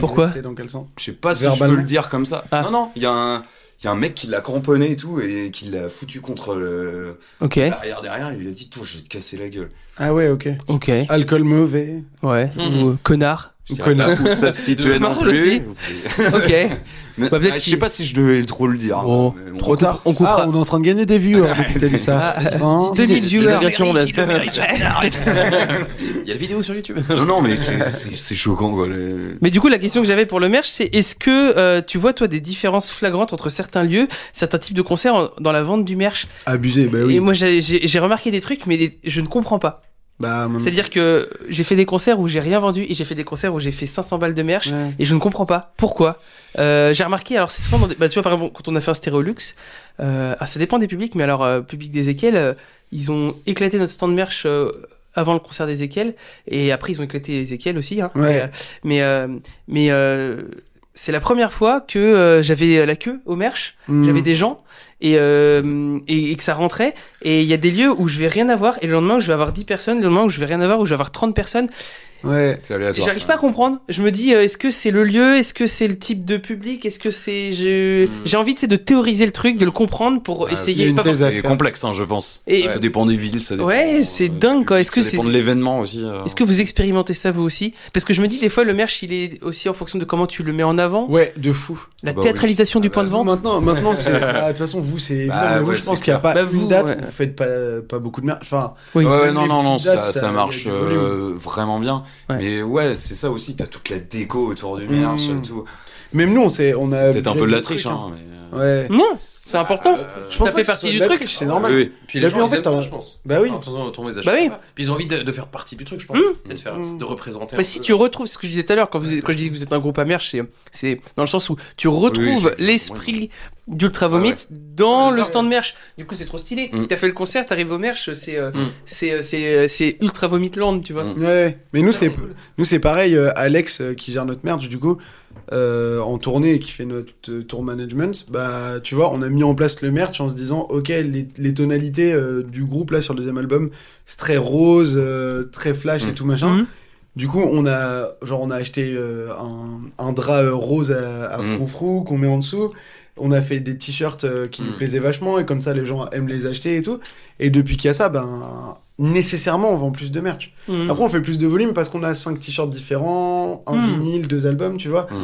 [SPEAKER 1] Pourquoi
[SPEAKER 4] Agressé dans quel sens
[SPEAKER 3] Je sais pas si je
[SPEAKER 4] Verbalement.
[SPEAKER 3] peux le dire comme ça.
[SPEAKER 1] Ah.
[SPEAKER 3] Non, non, il y a un. Il y a un mec qui l'a cramponné et tout, et qui l'a foutu contre le
[SPEAKER 1] Ok,
[SPEAKER 3] derrière derrière, il lui a dit Toi, je vais te casser la gueule.
[SPEAKER 4] Ah ouais, ok.
[SPEAKER 1] ok,
[SPEAKER 4] Alcool mauvais.
[SPEAKER 1] ouais.
[SPEAKER 2] Mhm.
[SPEAKER 1] Ou, euh, connard.
[SPEAKER 3] Je dirais
[SPEAKER 4] Connard.
[SPEAKER 3] pas où ça se situait
[SPEAKER 1] Ça
[SPEAKER 3] non
[SPEAKER 1] marche
[SPEAKER 3] plus.
[SPEAKER 1] aussi. Ok.
[SPEAKER 3] Mais-
[SPEAKER 1] Bah, peut-être
[SPEAKER 3] ah, je
[SPEAKER 1] qu'il- Oh,
[SPEAKER 3] sais pas si je devais trop le dire. hein,
[SPEAKER 1] Bon,
[SPEAKER 3] mais bon.
[SPEAKER 4] Trop tard.
[SPEAKER 1] on coupera.
[SPEAKER 4] Ah, on est en train de gagner des vues hein, depuis que t'as dit ça.
[SPEAKER 1] Ah,
[SPEAKER 4] Hein
[SPEAKER 1] 2000 viewers.
[SPEAKER 2] agressions, là.
[SPEAKER 1] Il y a le vidéo sur YouTube.
[SPEAKER 3] Non, non, mais c'est- c'est c'est choquant, quoi. les-
[SPEAKER 1] Mais du coup, la question que j'avais pour le merch, c'est est-ce que euh, tu vois, toi, des différences flagrantes entre certains lieux, certains types de concerts en- dans la vente du merch
[SPEAKER 4] Abusé, bah
[SPEAKER 1] Et
[SPEAKER 4] oui.
[SPEAKER 1] moi, j'ai- j'ai j'ai remarqué des trucs, mais des- je ne comprends pas.
[SPEAKER 4] Bah, mon-
[SPEAKER 1] C'est-à-dire que j'ai fait des concerts où j'ai rien vendu et j'ai fait des concerts où j'ai fait 500 balles de merch
[SPEAKER 4] Ouais.
[SPEAKER 1] et je ne comprends pas pourquoi. Euh, j'ai remarqué, alors c'est souvent dans des- bah, tu vois, par exemple, quand on a fait un Stéréolux, euh, ah, ça dépend des publics, mais alors, euh, public d'Ézéchiel, euh, ils ont éclaté notre stand merch euh, avant le concert d'Ézéchiel et après ils ont éclaté Ézéchiel aussi. Hein,
[SPEAKER 4] Ouais.
[SPEAKER 1] Et, euh, Mais, euh, mais euh, c'est la première fois que euh, j'avais la queue au merch
[SPEAKER 4] Hmm.
[SPEAKER 1] j'avais des gens et, euh, et, et que ça rentrait et il y a des lieux où je vais rien avoir et le lendemain où je vais avoir 10 personnes le lendemain où je vais rien avoir où je vais avoir 30 personnes
[SPEAKER 4] Ouais.
[SPEAKER 3] C'est
[SPEAKER 1] et
[SPEAKER 3] aléatoire.
[SPEAKER 1] j'arrive pas à comprendre je me dis euh, est-ce que c'est le lieu est-ce que c'est le type de public est-ce que c'est je-
[SPEAKER 2] Mm.
[SPEAKER 1] j'ai envie c'est de théoriser le truc de le comprendre pour
[SPEAKER 3] Hmm. Ah,
[SPEAKER 1] essayer
[SPEAKER 4] une
[SPEAKER 1] pas
[SPEAKER 4] thèse
[SPEAKER 1] forcément-
[SPEAKER 4] à
[SPEAKER 3] C'est
[SPEAKER 4] faire.
[SPEAKER 3] complexe, hein, je pense.
[SPEAKER 1] Et-
[SPEAKER 3] ça dépend des villes, ça dépend.
[SPEAKER 1] Ouais, c'est
[SPEAKER 3] euh,
[SPEAKER 1] dingue, quoi.
[SPEAKER 3] du-
[SPEAKER 1] Est-ce que
[SPEAKER 3] ça dépend
[SPEAKER 1] c'est-
[SPEAKER 3] de l'événement aussi. euh.
[SPEAKER 1] est-ce que vous expérimentez ça vous aussi parce que je me dis des fois le merch il est aussi en fonction de comment tu le mets en avant
[SPEAKER 4] Ouais, de fou.
[SPEAKER 1] la
[SPEAKER 3] bah oui.
[SPEAKER 1] théâtralisation du
[SPEAKER 3] Ah
[SPEAKER 1] point
[SPEAKER 3] bah,
[SPEAKER 1] de vente
[SPEAKER 4] Maintenant, maintenant, c'est. bah, De toute façon, vous, c'est. évident,
[SPEAKER 3] Bah,
[SPEAKER 4] mais vous,
[SPEAKER 3] ouais,
[SPEAKER 4] je pense
[SPEAKER 3] c'est
[SPEAKER 4] qu'il n'y a pas
[SPEAKER 1] Bah,
[SPEAKER 4] une
[SPEAKER 1] vous,
[SPEAKER 4] date
[SPEAKER 1] ouais.
[SPEAKER 4] où vous faites pas, pas beaucoup de merde. Enfin,
[SPEAKER 1] Oui.
[SPEAKER 3] Ouais, ouais,
[SPEAKER 4] les
[SPEAKER 3] non, non, non,
[SPEAKER 4] petites
[SPEAKER 3] ça,
[SPEAKER 4] dates,
[SPEAKER 3] ça,
[SPEAKER 4] ça- il y a
[SPEAKER 3] marche
[SPEAKER 4] du volume.
[SPEAKER 3] euh, vraiment bien.
[SPEAKER 1] Ouais. Mmh.
[SPEAKER 3] Mais ouais, c'est ça aussi, t'as toute la déco autour du merch
[SPEAKER 4] Mm.
[SPEAKER 3] et tout.
[SPEAKER 4] même nous, on s'est. on a
[SPEAKER 3] C'est peut-être un peu de la triche, hein. mais,
[SPEAKER 4] Ouais.
[SPEAKER 3] euh,
[SPEAKER 1] non c'est important
[SPEAKER 2] Euh,
[SPEAKER 4] Je pense
[SPEAKER 1] Ça
[SPEAKER 4] pas
[SPEAKER 1] fait
[SPEAKER 4] que ce
[SPEAKER 1] partie
[SPEAKER 4] soit
[SPEAKER 1] du
[SPEAKER 4] de la
[SPEAKER 1] truc.
[SPEAKER 4] triche, C'est normal.
[SPEAKER 3] Ah Oui, oui.
[SPEAKER 2] Puis les
[SPEAKER 4] Bah,
[SPEAKER 2] gens,
[SPEAKER 4] mais en
[SPEAKER 2] ils
[SPEAKER 4] fait,
[SPEAKER 2] aiment ça,
[SPEAKER 4] t'as-
[SPEAKER 2] je pense.
[SPEAKER 4] Bah oui.
[SPEAKER 2] Enfin, de temps en temps, autour, ils achètent
[SPEAKER 1] Bah oui.
[SPEAKER 2] pas. Puis ils ont envie de, de faire partie du truc, je pense.
[SPEAKER 1] Mmh.
[SPEAKER 2] Peut-être de faire,
[SPEAKER 4] Mmh.
[SPEAKER 2] de représenter.
[SPEAKER 1] Bah,
[SPEAKER 2] un
[SPEAKER 1] si
[SPEAKER 2] peu.
[SPEAKER 1] tu retrouves ce que je disais tout à l'heure quand, vous, quand je dis que vous êtes un groupe amer, c'est c'est dans le sens où tu retrouves
[SPEAKER 3] Oui, j'ai-
[SPEAKER 1] l'esprit d'Ultra Vomit
[SPEAKER 3] Ouais, Ah ouais.
[SPEAKER 1] dans
[SPEAKER 2] Ouais,
[SPEAKER 1] le
[SPEAKER 2] ça,
[SPEAKER 1] stand merch. Du coup, c'est trop stylé.
[SPEAKER 3] Mm.
[SPEAKER 1] T'as fait le concert, t'arrives au merch, c'est euh,
[SPEAKER 2] Mm.
[SPEAKER 1] c'est euh, c'est euh, c'est Ultra Vomit Land, tu vois. Mm.
[SPEAKER 3] Mm.
[SPEAKER 4] Ouais, mais nous c'est nous c'est pareil. euh, Alex euh, qui gère notre merch du coup euh, en tournée et qui fait notre euh, tour management, bah tu vois, on a mis en place le merch en se disant ok les, les tonalités euh, du groupe là sur le deuxième album c'est très rose, euh, très flash et
[SPEAKER 3] Mm.
[SPEAKER 4] tout machin.
[SPEAKER 1] Mhm.
[SPEAKER 4] Du coup, on a, genre, on a acheté euh, un, un drap euh, rose à, à
[SPEAKER 3] Mm.
[SPEAKER 4] froufrou qu'on met en dessous. On a fait des t-shirts euh, qui nous
[SPEAKER 2] Mm.
[SPEAKER 4] plaisaient vachement et comme ça, les gens aiment les acheter et tout. Et depuis qu'il y a ça, ben, nécessairement, on vend plus de merch.
[SPEAKER 1] Mhm.
[SPEAKER 4] Après, on fait plus de volume parce qu'on a cinq t-shirts différents, un
[SPEAKER 1] Mm.
[SPEAKER 4] vinyle, deux albums, tu vois.
[SPEAKER 3] Mm.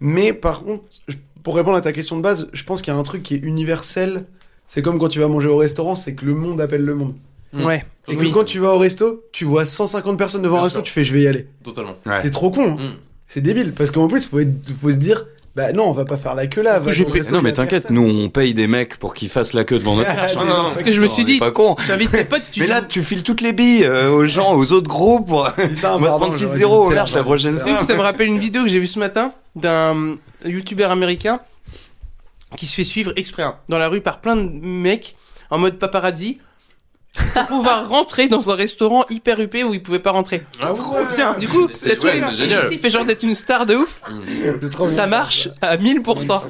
[SPEAKER 4] Mais par contre, je- pour répondre à ta question de base, je pense qu'il y a un truc qui est universel. C'est comme quand tu vas manger au restaurant, c'est que le monde appelle le monde.
[SPEAKER 1] Ouais.
[SPEAKER 4] Et
[SPEAKER 1] Oui.
[SPEAKER 4] que quand tu vas au resto, tu vois 150 personnes devant
[SPEAKER 2] Bien
[SPEAKER 4] un resto,
[SPEAKER 2] sûr.
[SPEAKER 4] tu fais je vais y aller.
[SPEAKER 2] Totalement.
[SPEAKER 3] Ouais.
[SPEAKER 4] C'est trop con, hein.
[SPEAKER 2] Mm.
[SPEAKER 4] c'est débile. Parce qu'en plus, faut, être- faut se dire, bah non, on va pas faire la queue là. va
[SPEAKER 1] j'ai
[SPEAKER 4] au
[SPEAKER 1] payé-
[SPEAKER 4] resto,
[SPEAKER 3] Non,
[SPEAKER 4] il y a
[SPEAKER 3] mais t'inquiète,
[SPEAKER 4] personne.
[SPEAKER 3] nous on paye des mecs pour qu'ils fassent la queue devant notre marche.
[SPEAKER 4] Ah, non,
[SPEAKER 1] Parce que je me suis
[SPEAKER 3] On est
[SPEAKER 1] dit,
[SPEAKER 3] pas con.
[SPEAKER 1] t'invites tes potes, tu
[SPEAKER 3] Mais là, tu files toutes les billes euh, aux gens, aux autres groupes. Pour...
[SPEAKER 4] Putain,
[SPEAKER 3] On va se
[SPEAKER 4] pardon,
[SPEAKER 3] prendre
[SPEAKER 4] j'aurais
[SPEAKER 3] 6-0
[SPEAKER 4] dû
[SPEAKER 3] au
[SPEAKER 4] le
[SPEAKER 3] large
[SPEAKER 4] faire.
[SPEAKER 3] la prochaine
[SPEAKER 1] Tu sais
[SPEAKER 3] fois.
[SPEAKER 1] que ça me rappelle une vidéo que j'ai vue ce matin d'un euh, youtubeur américain qui se fait suivre exprès hein, dans la rue par plein de mecs en mode paparazzi pour pouvoir rentrer dans un restaurant hyper huppé où il pouvait pas rentrer.
[SPEAKER 2] trop
[SPEAKER 4] Oh,
[SPEAKER 2] bien.
[SPEAKER 1] Du coup,
[SPEAKER 2] C'est-
[SPEAKER 1] t'as tous les
[SPEAKER 2] ouais, c'est génial.
[SPEAKER 1] il fait genre d'être une star de ouf,
[SPEAKER 4] C'est trop
[SPEAKER 1] ça
[SPEAKER 4] bien.
[SPEAKER 1] marche à 1000%.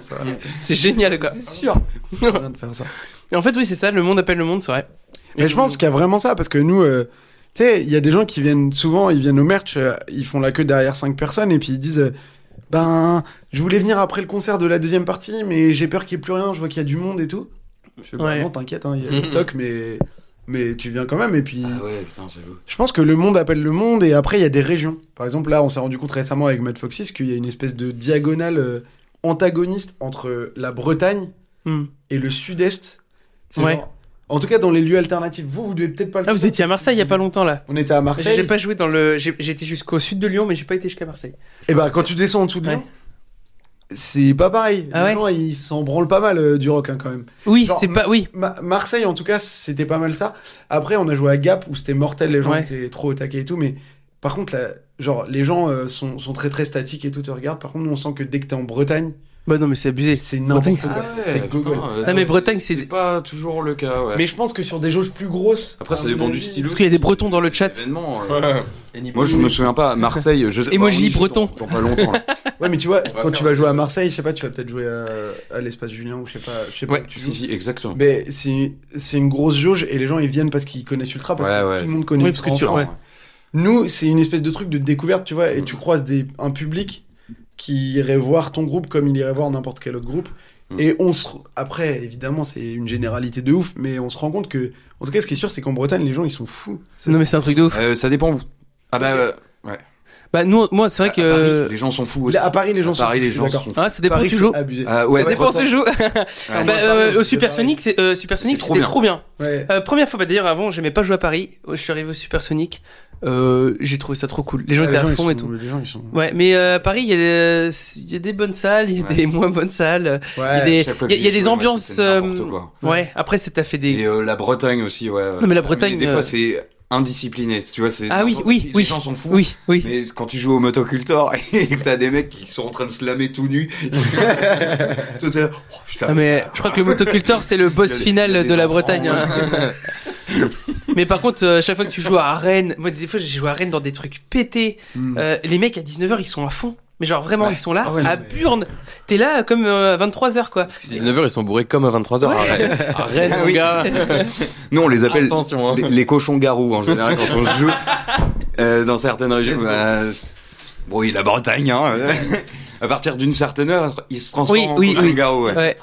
[SPEAKER 1] C'est génial quoi.
[SPEAKER 4] C'est sûr. C'est bien de faire ça.
[SPEAKER 1] Et en fait, oui, c'est ça, le monde appelle le monde, c'est vrai.
[SPEAKER 4] Mais je pense qu'il y a vraiment ça, parce que nous, euh, tu sais, il y a des gens qui viennent souvent, ils viennent au merch, euh, ils font la queue derrière cinq personnes, et puis ils disent, euh, ben, je voulais venir après le concert de la deuxième partie, mais j'ai peur qu'il n'y ait plus rien, je vois qu'il y a du monde et tout. Je fais, bah,
[SPEAKER 1] Ouais.
[SPEAKER 4] non, t'inquiète, hein, il y a le
[SPEAKER 2] Mhm.
[SPEAKER 4] stock, mais, mais tu viens quand même, et puis...
[SPEAKER 3] ouais, putain, j'avoue.
[SPEAKER 4] Je pense que le monde appelle le monde et après il y a des régions. Par exemple, là, on s'est rendu compte récemment avec Matt Foxis qu'il y a une espèce de diagonale euh, antagoniste entre euh, la Bretagne
[SPEAKER 1] Hmm.
[SPEAKER 4] et le sud-est. C'est
[SPEAKER 1] Ouais.
[SPEAKER 4] genre- En tout cas, dans les lieux alternatifs, vous, vous devez peut-être pas le
[SPEAKER 1] Ah, vous
[SPEAKER 4] faire.
[SPEAKER 1] étiez à Marseille il y a pas longtemps là.
[SPEAKER 4] On était à Marseille.
[SPEAKER 1] J'ai pas joué dans le. j'ai- J'étais jusqu'au sud de Lyon, mais j'ai pas été jusqu'à Marseille.
[SPEAKER 4] Et bah, quand tu descends en dessous de
[SPEAKER 1] Ouais.
[SPEAKER 4] Lyon, c'est pas pareil.
[SPEAKER 1] Ah
[SPEAKER 4] les
[SPEAKER 1] ouais
[SPEAKER 4] gens, ils s'en branlent pas mal euh, du rock hein, quand même.
[SPEAKER 1] Oui,
[SPEAKER 4] Genre,
[SPEAKER 1] c'est pas. Oui.
[SPEAKER 4] Ma- Marseille, en tout cas, c'était pas mal ça. Après, on a joué à Gap où c'était mortel, les gens
[SPEAKER 1] Ouais.
[SPEAKER 4] étaient trop au taquet et tout. Mais par contre, là, genre, les gens euh, sont, sont très très statiques et tout te regardent. Par contre, nous, on sent que dès que t'es en Bretagne,
[SPEAKER 1] Bah non, mais c'est abusé.
[SPEAKER 4] c'est n'importe
[SPEAKER 1] Bretagne,
[SPEAKER 4] quoi. c'est Google.
[SPEAKER 1] Non, Ah, mais Bretagne, c'est.
[SPEAKER 3] C'est pas toujours le cas, ouais.
[SPEAKER 4] Mais je pense que sur des jauges plus grosses.
[SPEAKER 3] Après, ça
[SPEAKER 4] à mon
[SPEAKER 3] dépend du
[SPEAKER 4] avis,
[SPEAKER 3] style.
[SPEAKER 1] Parce qu'il y a des Bretons dans le chat.
[SPEAKER 3] Événement, euh, Moi,
[SPEAKER 2] Moi,
[SPEAKER 3] je me souviens pas. Marseille, je.
[SPEAKER 1] Emoji
[SPEAKER 3] on y joue
[SPEAKER 1] breton.
[SPEAKER 3] dans- dans pas longtemps. là.
[SPEAKER 4] Ouais, mais tu vois,
[SPEAKER 2] va
[SPEAKER 4] quand
[SPEAKER 2] faire
[SPEAKER 4] tu vas
[SPEAKER 2] un
[SPEAKER 4] jouer à
[SPEAKER 2] petit peu.
[SPEAKER 4] Marseille, je sais pas, tu vas peut-être jouer à, à l'espace Julien ou je sais pas. Je sais pas
[SPEAKER 3] Ouais,
[SPEAKER 4] où tu
[SPEAKER 3] si,
[SPEAKER 4] joues.
[SPEAKER 3] si, exactement.
[SPEAKER 4] Mais c'est c'est une grosse jauge et les gens ils viennent parce qu'ils connaissent Ultra parce
[SPEAKER 3] Ouais,
[SPEAKER 4] que
[SPEAKER 3] ouais.
[SPEAKER 4] tout le monde connaît
[SPEAKER 1] Oui, parce que tu-
[SPEAKER 4] Ultra en
[SPEAKER 1] ouais.
[SPEAKER 4] France. Nous, c'est une espèce de truc de découverte, tu
[SPEAKER 3] Mm.
[SPEAKER 4] vois, et tu croises des, un public qui irait voir ton groupe comme il irait voir n'importe quel autre groupe.
[SPEAKER 3] Mm.
[SPEAKER 4] Et on se. Après, évidemment, c'est une généralité de ouf, mais on se rend compte que. En tout cas, ce qui est sûr, c'est qu'en Bretagne, les gens, ils sont fous. C'est
[SPEAKER 1] Non,
[SPEAKER 4] ça.
[SPEAKER 1] mais c'est un truc de ouf.
[SPEAKER 3] Euh, ça dépend où. Ah bah, euh,
[SPEAKER 1] Bah, nous, moi, c'est
[SPEAKER 3] à
[SPEAKER 1] vrai
[SPEAKER 3] Ah, Paris,
[SPEAKER 1] que.
[SPEAKER 3] les gens sont fous aussi.
[SPEAKER 4] Là, à Paris, les gens
[SPEAKER 3] À
[SPEAKER 4] sont
[SPEAKER 3] Paris,
[SPEAKER 4] fous,
[SPEAKER 3] les
[SPEAKER 4] je suis
[SPEAKER 3] gens
[SPEAKER 4] d'accord.
[SPEAKER 3] sont fous.
[SPEAKER 1] Ah, ça dépend
[SPEAKER 4] Paris,
[SPEAKER 1] toujours.
[SPEAKER 4] c'est abusé.
[SPEAKER 3] Ah, ouais,
[SPEAKER 1] Ça dépend
[SPEAKER 4] Bretagne.
[SPEAKER 1] toujours.
[SPEAKER 4] Ah,
[SPEAKER 1] Bah,
[SPEAKER 4] moi,
[SPEAKER 1] euh,
[SPEAKER 4] Paris,
[SPEAKER 1] au
[SPEAKER 4] c'était
[SPEAKER 1] Supersonic, c'est- euh, Supersonic,
[SPEAKER 3] C'est trop
[SPEAKER 1] c'était
[SPEAKER 3] bien.
[SPEAKER 1] trop bien.
[SPEAKER 4] pareil. Ouais.
[SPEAKER 1] Euh, première fois, bah d'ailleurs, avant, j'aimais pas jouer à Paris. Oh, Je suis arrivé au Supersonic. Euh, j'ai trouvé ça trop cool. Les gens
[SPEAKER 4] Ah,
[SPEAKER 1] étaient à
[SPEAKER 4] ils
[SPEAKER 1] fond
[SPEAKER 4] sont-
[SPEAKER 1] et tout.
[SPEAKER 4] Les gens, ils sont.
[SPEAKER 1] Ouais, mais euh, à Paris, il y, a des- il y a des bonnes salles, il y a
[SPEAKER 3] Ouais.
[SPEAKER 1] des moins bonnes salles.
[SPEAKER 4] Ouais.
[SPEAKER 1] des-
[SPEAKER 3] Chaque fois
[SPEAKER 1] il y a-
[SPEAKER 3] que
[SPEAKER 1] il y a
[SPEAKER 3] j'y
[SPEAKER 1] des
[SPEAKER 3] jouais, moi,
[SPEAKER 1] ambiances,
[SPEAKER 3] c'était n'importe
[SPEAKER 1] euh,
[SPEAKER 3] quoi.
[SPEAKER 1] Ouais, après, c'est t'as fait des.
[SPEAKER 3] Et euh, la Bretagne aussi, ouais.
[SPEAKER 1] Non, mais la Bretagne,
[SPEAKER 3] Des
[SPEAKER 1] euh,
[SPEAKER 3] fois, c'est indiscipliné. Tu vois, c'est.
[SPEAKER 1] Ah oui, oui,
[SPEAKER 3] les
[SPEAKER 1] oui.
[SPEAKER 3] gens sont fous.
[SPEAKER 1] Oui, oui.
[SPEAKER 3] euh, Mais quand tu joues au motocultor et que t'as des mecs qui sont en train de se lamer tout nus, tout est. Oh putain.
[SPEAKER 1] Ah, mais je crois que le motocultor c'est le boss
[SPEAKER 3] Il y a des-
[SPEAKER 1] final
[SPEAKER 3] il y a des
[SPEAKER 1] de la
[SPEAKER 3] enfants,
[SPEAKER 1] Bretagne.
[SPEAKER 3] ouais.
[SPEAKER 1] hein. mais par contre, euh, chaque fois que tu joues à Rennes, moi des fois j'ai joué à Rennes dans des trucs pétés.
[SPEAKER 4] Mm.
[SPEAKER 1] Euh, les mecs à 19h ils sont à fond. Mais genre vraiment
[SPEAKER 3] Ouais.
[SPEAKER 1] ils sont là
[SPEAKER 4] Ah ouais,
[SPEAKER 1] à
[SPEAKER 4] c'est-
[SPEAKER 1] Burne. T'es là comme euh, à 23h quoi.
[SPEAKER 2] Parce que 19h, ils sont bourrés comme à 23h. Arrête, arrête,
[SPEAKER 3] Ah
[SPEAKER 2] mon
[SPEAKER 3] oui.
[SPEAKER 2] gars.
[SPEAKER 3] Nous, on les appelle
[SPEAKER 2] Attention, hein.
[SPEAKER 3] les, les cochons-garous en général quand on joue euh, dans certaines régions. Bah, bon, oui, la Bretagne, hein. à partir d'une certaine heure, ils se transforment
[SPEAKER 1] Oui,
[SPEAKER 3] en
[SPEAKER 1] oui, oui.
[SPEAKER 3] cochons-garous. ouais.
[SPEAKER 1] Ouais.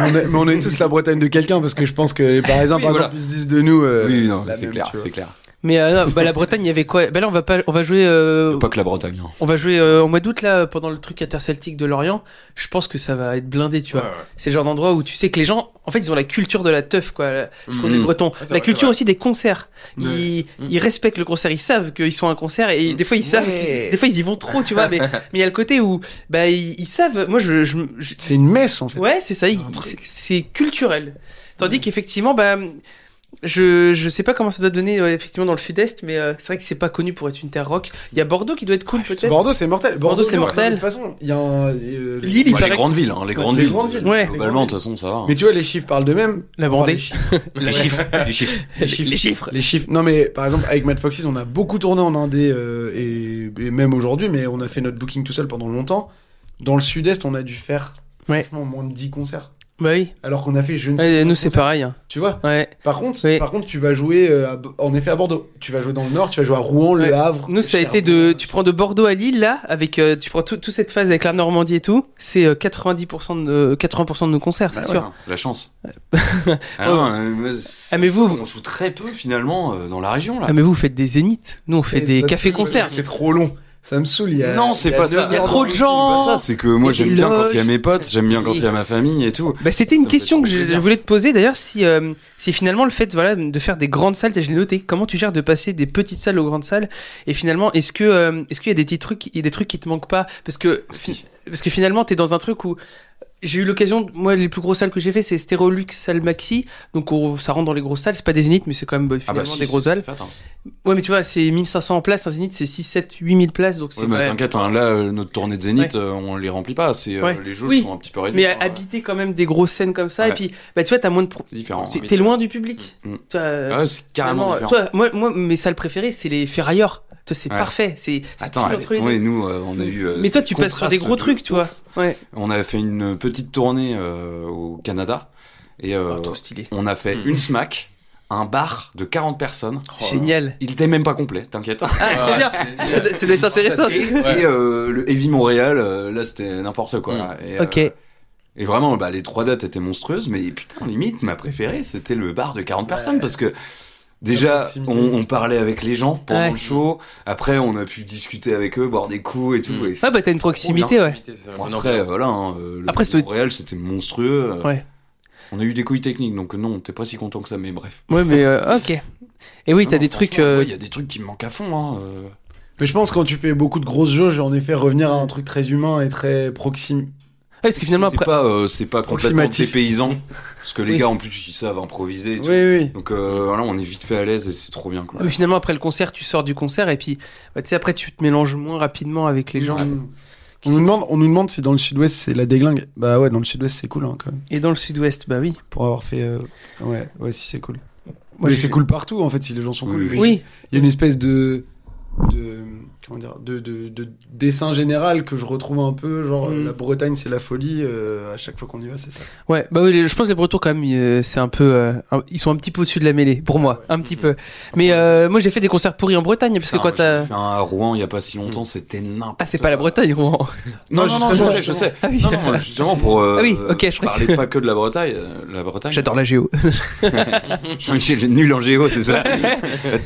[SPEAKER 4] Mais on est- mais on est tous la Bretagne de quelqu'un parce que je pense que les Parisiens,
[SPEAKER 3] Oui,
[SPEAKER 4] par
[SPEAKER 3] voilà.
[SPEAKER 4] exemple, ils se disent de nous. euh,
[SPEAKER 3] oui, non,
[SPEAKER 4] la
[SPEAKER 3] c'est
[SPEAKER 4] même,
[SPEAKER 3] clair,
[SPEAKER 4] tu vois.
[SPEAKER 3] c'est clair.
[SPEAKER 1] Mais euh, non, bah, la Bretagne il y avait quoi Bah là on va pas on va jouer euh,
[SPEAKER 3] Pas que la Bretagne. hein.
[SPEAKER 1] on va jouer euh, au mois d'août là pendant le truc interceltique de Lorient. Je pense que ça va être blindé tu vois. C'est le genre d'endroit où tu sais que les gens, en fait, ils ont la culture de la teuf, quoi. Je trouve
[SPEAKER 4] Mm.
[SPEAKER 3] Mhm.
[SPEAKER 1] les Bretons.
[SPEAKER 2] c'est
[SPEAKER 1] la
[SPEAKER 2] vrai, c'est
[SPEAKER 1] culture
[SPEAKER 2] vrai.
[SPEAKER 1] aussi des concerts. Ils,
[SPEAKER 2] Mhm.
[SPEAKER 1] ils respectent le concert, ils savent qu'ils sont à un concert et des fois ils savent.
[SPEAKER 4] Ouais.
[SPEAKER 1] Des fois ils y vont trop, tu vois. mais mais il y a le côté où, bah, ils, ils savent. Moi, je, je- je-
[SPEAKER 4] C'est une messe en fait.
[SPEAKER 1] ouais, c'est ça. ils-
[SPEAKER 4] un Mm.
[SPEAKER 1] c'est- C'est culturel. Tandis qu'effectivement, bah. Je, je sais pas comment ça doit donner ouais, effectivement dans le sud-est, mais euh, c'est vrai que c'est pas connu pour être une terre rock. Il y a Bordeaux qui doit être cool peut-être.
[SPEAKER 4] Ah, Bordeaux, c'est mortel.
[SPEAKER 1] Bordeaux, c'est
[SPEAKER 4] Lyon,
[SPEAKER 1] mortel.
[SPEAKER 4] De toute façon, il y a un. euh,
[SPEAKER 1] Lille, il
[SPEAKER 3] Bah,
[SPEAKER 1] paraît
[SPEAKER 3] les
[SPEAKER 1] que-
[SPEAKER 3] grandes villes, hein, les grandes
[SPEAKER 4] les
[SPEAKER 3] villes.
[SPEAKER 4] grandes villes.
[SPEAKER 1] Ouais.
[SPEAKER 3] Globalement, de toute façon, ça va. hein.
[SPEAKER 4] Mais tu vois, les chiffres parlent d'eux-mêmes.
[SPEAKER 1] La
[SPEAKER 4] Enfin,
[SPEAKER 1] Vendée.
[SPEAKER 4] les chiffres.
[SPEAKER 3] les chiffres, les chiffres.
[SPEAKER 1] Les chiffres. Les chiffres.
[SPEAKER 4] Les chiffres. Non, mais par exemple, avec Matt Foxes, on a beaucoup tourné en Indé euh, et, et même aujourd'hui, mais on a fait notre booking tout seul pendant longtemps. Dans le sud-est, on a dû faire
[SPEAKER 1] Ouais.
[SPEAKER 4] franchement, moins de 10 concerts.
[SPEAKER 1] Bah oui.
[SPEAKER 4] Alors qu'on a fait je ne sais
[SPEAKER 1] Ouais,
[SPEAKER 4] combien
[SPEAKER 1] nous,
[SPEAKER 4] de
[SPEAKER 1] c'est
[SPEAKER 4] concerts.
[SPEAKER 1] pareil. hein.
[SPEAKER 4] Tu vois
[SPEAKER 1] Ouais.
[SPEAKER 4] par contre,
[SPEAKER 1] Oui.
[SPEAKER 4] par contre, tu vas jouer euh, à B- en effet à Bordeaux. Tu vas jouer dans le Nord, tu vas jouer à Rouen,
[SPEAKER 1] Ouais.
[SPEAKER 4] Le Havre.
[SPEAKER 1] Nous, ça a été de.
[SPEAKER 4] euh,
[SPEAKER 1] Tu prends de Bordeaux à Lille, là, avec. euh, tu prends tout- toute cette phase avec la Normandie et tout. C'est euh, 90% de, euh, 80% de nos concerts, c'est
[SPEAKER 3] Bah ouais,
[SPEAKER 1] sûr.
[SPEAKER 3] hein, la chance. ah,
[SPEAKER 1] Ouais.
[SPEAKER 3] non, euh, c'est-
[SPEAKER 1] Ah, mais vous-
[SPEAKER 3] on joue très peu finalement euh, dans la région là.
[SPEAKER 1] Ah, mais vous, vous faites des zéniths. Nous, on fait
[SPEAKER 4] Et
[SPEAKER 1] des
[SPEAKER 4] ça te saoule,
[SPEAKER 1] cafés-concerts.
[SPEAKER 4] C'est trop long. Ça me saoule. il y a-
[SPEAKER 3] non, c'est
[SPEAKER 4] il y a
[SPEAKER 3] pas ça.
[SPEAKER 4] neuf
[SPEAKER 1] Il y a
[SPEAKER 4] heures
[SPEAKER 1] trop de
[SPEAKER 4] dans-
[SPEAKER 1] gens.
[SPEAKER 3] C'est pas ça, c'est que moi
[SPEAKER 1] Il y a
[SPEAKER 3] j'aime
[SPEAKER 1] des
[SPEAKER 3] bien quand
[SPEAKER 1] loges.
[SPEAKER 3] il y a mes potes, j'aime bien quand
[SPEAKER 1] Oui.
[SPEAKER 3] il y a ma famille et tout.
[SPEAKER 1] Bah, c'était
[SPEAKER 3] Ça
[SPEAKER 1] une
[SPEAKER 3] me fait
[SPEAKER 1] question
[SPEAKER 3] trop
[SPEAKER 1] que je,
[SPEAKER 3] plaisir.
[SPEAKER 1] je voulais te poser d'ailleurs si, euh, si finalement le fait voilà, de faire des grandes salles, je l'ai noté, comment tu gères de passer des petites salles aux grandes salles et finalement est-ce que euh, est-ce qu'il y a des petits trucs, il y a des trucs qui te manquent pas parce que
[SPEAKER 3] Si.
[SPEAKER 1] parce que finalement t'es dans un truc où j'ai eu l'occasion, moi les plus grosses salles que j'ai fait c'est Stérolux, Salle Maxi, donc on- ça rentre dans les grosses salles, c'est pas des zéniths mais c'est quand même bah, finalement
[SPEAKER 3] Ah si,
[SPEAKER 1] des
[SPEAKER 3] si,
[SPEAKER 1] grosses
[SPEAKER 3] si,
[SPEAKER 1] salles.
[SPEAKER 3] fait, attends.
[SPEAKER 1] Ouais mais tu vois c'est 1500 en place, un zénith c'est 6, 7, 8000 places donc c'est
[SPEAKER 3] Ouais, mais
[SPEAKER 1] vrai.
[SPEAKER 3] t'inquiète, hein, là euh, notre tournée de Zénith, euh, on les remplit pas. C'est euh,
[SPEAKER 1] Ouais.
[SPEAKER 3] les jauges
[SPEAKER 1] Oui.
[SPEAKER 3] sont un petit peu réduites.
[SPEAKER 1] Mais
[SPEAKER 3] hein, ouais.
[SPEAKER 1] habiter quand même des grosses scènes comme ça et
[SPEAKER 3] Ouais.
[SPEAKER 1] puis bah tu vois t'as moins de pro-
[SPEAKER 3] c'est différent.
[SPEAKER 1] t'es-
[SPEAKER 2] oui.
[SPEAKER 1] t'es loin du public.
[SPEAKER 3] Mm.
[SPEAKER 1] Toi, euh,
[SPEAKER 3] Ah ouais, c'est carrément
[SPEAKER 1] Vraiment,
[SPEAKER 3] différent.
[SPEAKER 1] toi, moi, moi, mes salles préférées, c'est les ferrailleurs. Toi, c'est
[SPEAKER 3] Ouais.
[SPEAKER 1] parfait. C'est c'est
[SPEAKER 3] Attends,
[SPEAKER 1] pile
[SPEAKER 3] allez,
[SPEAKER 1] entre les
[SPEAKER 3] tomber,
[SPEAKER 1] deux.
[SPEAKER 3] nous euh, on a eu. euh,
[SPEAKER 1] Mais toi, tu passes sur des
[SPEAKER 3] contraste
[SPEAKER 1] gros
[SPEAKER 3] de
[SPEAKER 1] trucs, tu vois. Ouais.
[SPEAKER 3] On a fait une petite tournée euh, au Canada et euh,
[SPEAKER 1] Oh, trop stylé.
[SPEAKER 3] on a fait
[SPEAKER 2] Hmm.
[SPEAKER 3] une smack, un bar de 40 personnes.
[SPEAKER 1] Génial.
[SPEAKER 3] Il était même pas complet, t'inquiète.
[SPEAKER 1] Ah, trop
[SPEAKER 2] Ah,
[SPEAKER 1] bien.
[SPEAKER 2] génial.
[SPEAKER 1] Ah, ça, doit- ça doit être intéressant.
[SPEAKER 2] Ouais.
[SPEAKER 3] Et euh, le Heavy Montréal, euh, là c'était n'importe quoi.
[SPEAKER 2] Hmm.
[SPEAKER 3] Et,
[SPEAKER 1] Ok.
[SPEAKER 3] euh, et vraiment, bah, les trois dates étaient monstrueuses, mais putain, limite, ma préférée, c'était le bar de 40 personnes parce que. Déjà, on,
[SPEAKER 4] proximité.
[SPEAKER 3] on parlait avec les gens pendant
[SPEAKER 1] Ouais.
[SPEAKER 3] le show. Après, on a pu discuter avec eux, boire des coups et tout.
[SPEAKER 4] Mm.
[SPEAKER 2] Hmm.
[SPEAKER 3] et
[SPEAKER 1] Ah, bah, t'as une proximité, ouais.
[SPEAKER 2] c'est
[SPEAKER 3] Bon,
[SPEAKER 2] un bon
[SPEAKER 3] après,
[SPEAKER 2] ambiance.
[SPEAKER 3] voilà, hein, euh, le
[SPEAKER 1] Après,
[SPEAKER 3] Après,
[SPEAKER 1] c'était-
[SPEAKER 3] Montréal, c'était monstrueux. euh,
[SPEAKER 1] Ouais.
[SPEAKER 3] On a eu des couilles techniques, donc euh, non, t'es pas si content que ça, mais bref.
[SPEAKER 1] Ouais, mais euh, ok. Et oui, t'as
[SPEAKER 3] Non,
[SPEAKER 1] des
[SPEAKER 3] franchement,
[SPEAKER 1] trucs. euh,
[SPEAKER 3] ouais, Il y a des trucs qui me manquent à fond. Hein. euh.
[SPEAKER 4] Mais je pense quand tu fais beaucoup de grosses jauges, en effet, revenir à un truc très humain et très proxime.
[SPEAKER 1] ouais, parce que finalement,
[SPEAKER 3] C'est
[SPEAKER 1] après.
[SPEAKER 3] pas, euh, c'est pas complètement
[SPEAKER 4] Approximatif.
[SPEAKER 3] dépaysant, parce que les
[SPEAKER 1] Oui.
[SPEAKER 3] gars, en plus, ils savent improviser et tout.
[SPEAKER 4] Oui, oui.
[SPEAKER 3] Donc euh, voilà, on est vite fait à l'aise et c'est trop bien. Quoi.
[SPEAKER 1] Mais finalement, après le concert, tu sors du concert et puis, bah, tu sais, après, tu te mélanges moins rapidement avec les gens.
[SPEAKER 4] Mm.
[SPEAKER 1] euh,
[SPEAKER 4] On nous, demande, on nous demande si dans le sud-ouest c'est la déglingue. Bah ouais, dans le sud-ouest c'est cool hein, quand même.
[SPEAKER 1] Et dans le sud-ouest, bah oui.
[SPEAKER 4] Pour avoir fait. euh, Ouais, ouais, si c'est cool.
[SPEAKER 1] Moi,
[SPEAKER 4] mais
[SPEAKER 1] je-
[SPEAKER 4] c'est cool partout en fait si les gens sont
[SPEAKER 3] Oui,
[SPEAKER 4] cool.
[SPEAKER 3] oui.
[SPEAKER 4] mais
[SPEAKER 1] Oui,
[SPEAKER 4] Il y a une espèce de. de comment dire de, de, de dessin général que je retrouve un peu. Genre
[SPEAKER 1] Mm.
[SPEAKER 4] la Bretagne c'est la folie. euh, à chaque fois qu'on y va, c'est ça.
[SPEAKER 1] Ouais, bah oui, les- je pense que les Bretons quand même, euh, c'est un peu, euh, un- ils sont un petit peu au-dessus de la mêlée, pour moi, un
[SPEAKER 3] Mhm.
[SPEAKER 1] petit peu. Mais
[SPEAKER 4] Ah
[SPEAKER 1] euh, moi, j'ai fait des concerts pourris en Bretagne parce que
[SPEAKER 3] Putain,
[SPEAKER 1] quand
[SPEAKER 3] j'en
[SPEAKER 1] t'as,
[SPEAKER 3] ai Ah, fait un à Rouen il y a pas si longtemps, c'était n'importe
[SPEAKER 1] ah, c'est pas la Bretagne, Rouen.
[SPEAKER 3] Non, non, non, je
[SPEAKER 4] justement,
[SPEAKER 3] sais, je sais.
[SPEAKER 1] Ah oui.
[SPEAKER 3] Non, non, justement, pour euh,
[SPEAKER 1] Ah oui, ok, je crois que-
[SPEAKER 3] parler pas que de la Bretagne, euh, la Bretagne.
[SPEAKER 1] J'adore la géo.
[SPEAKER 3] Jean-Michel nul en géo, c'est ça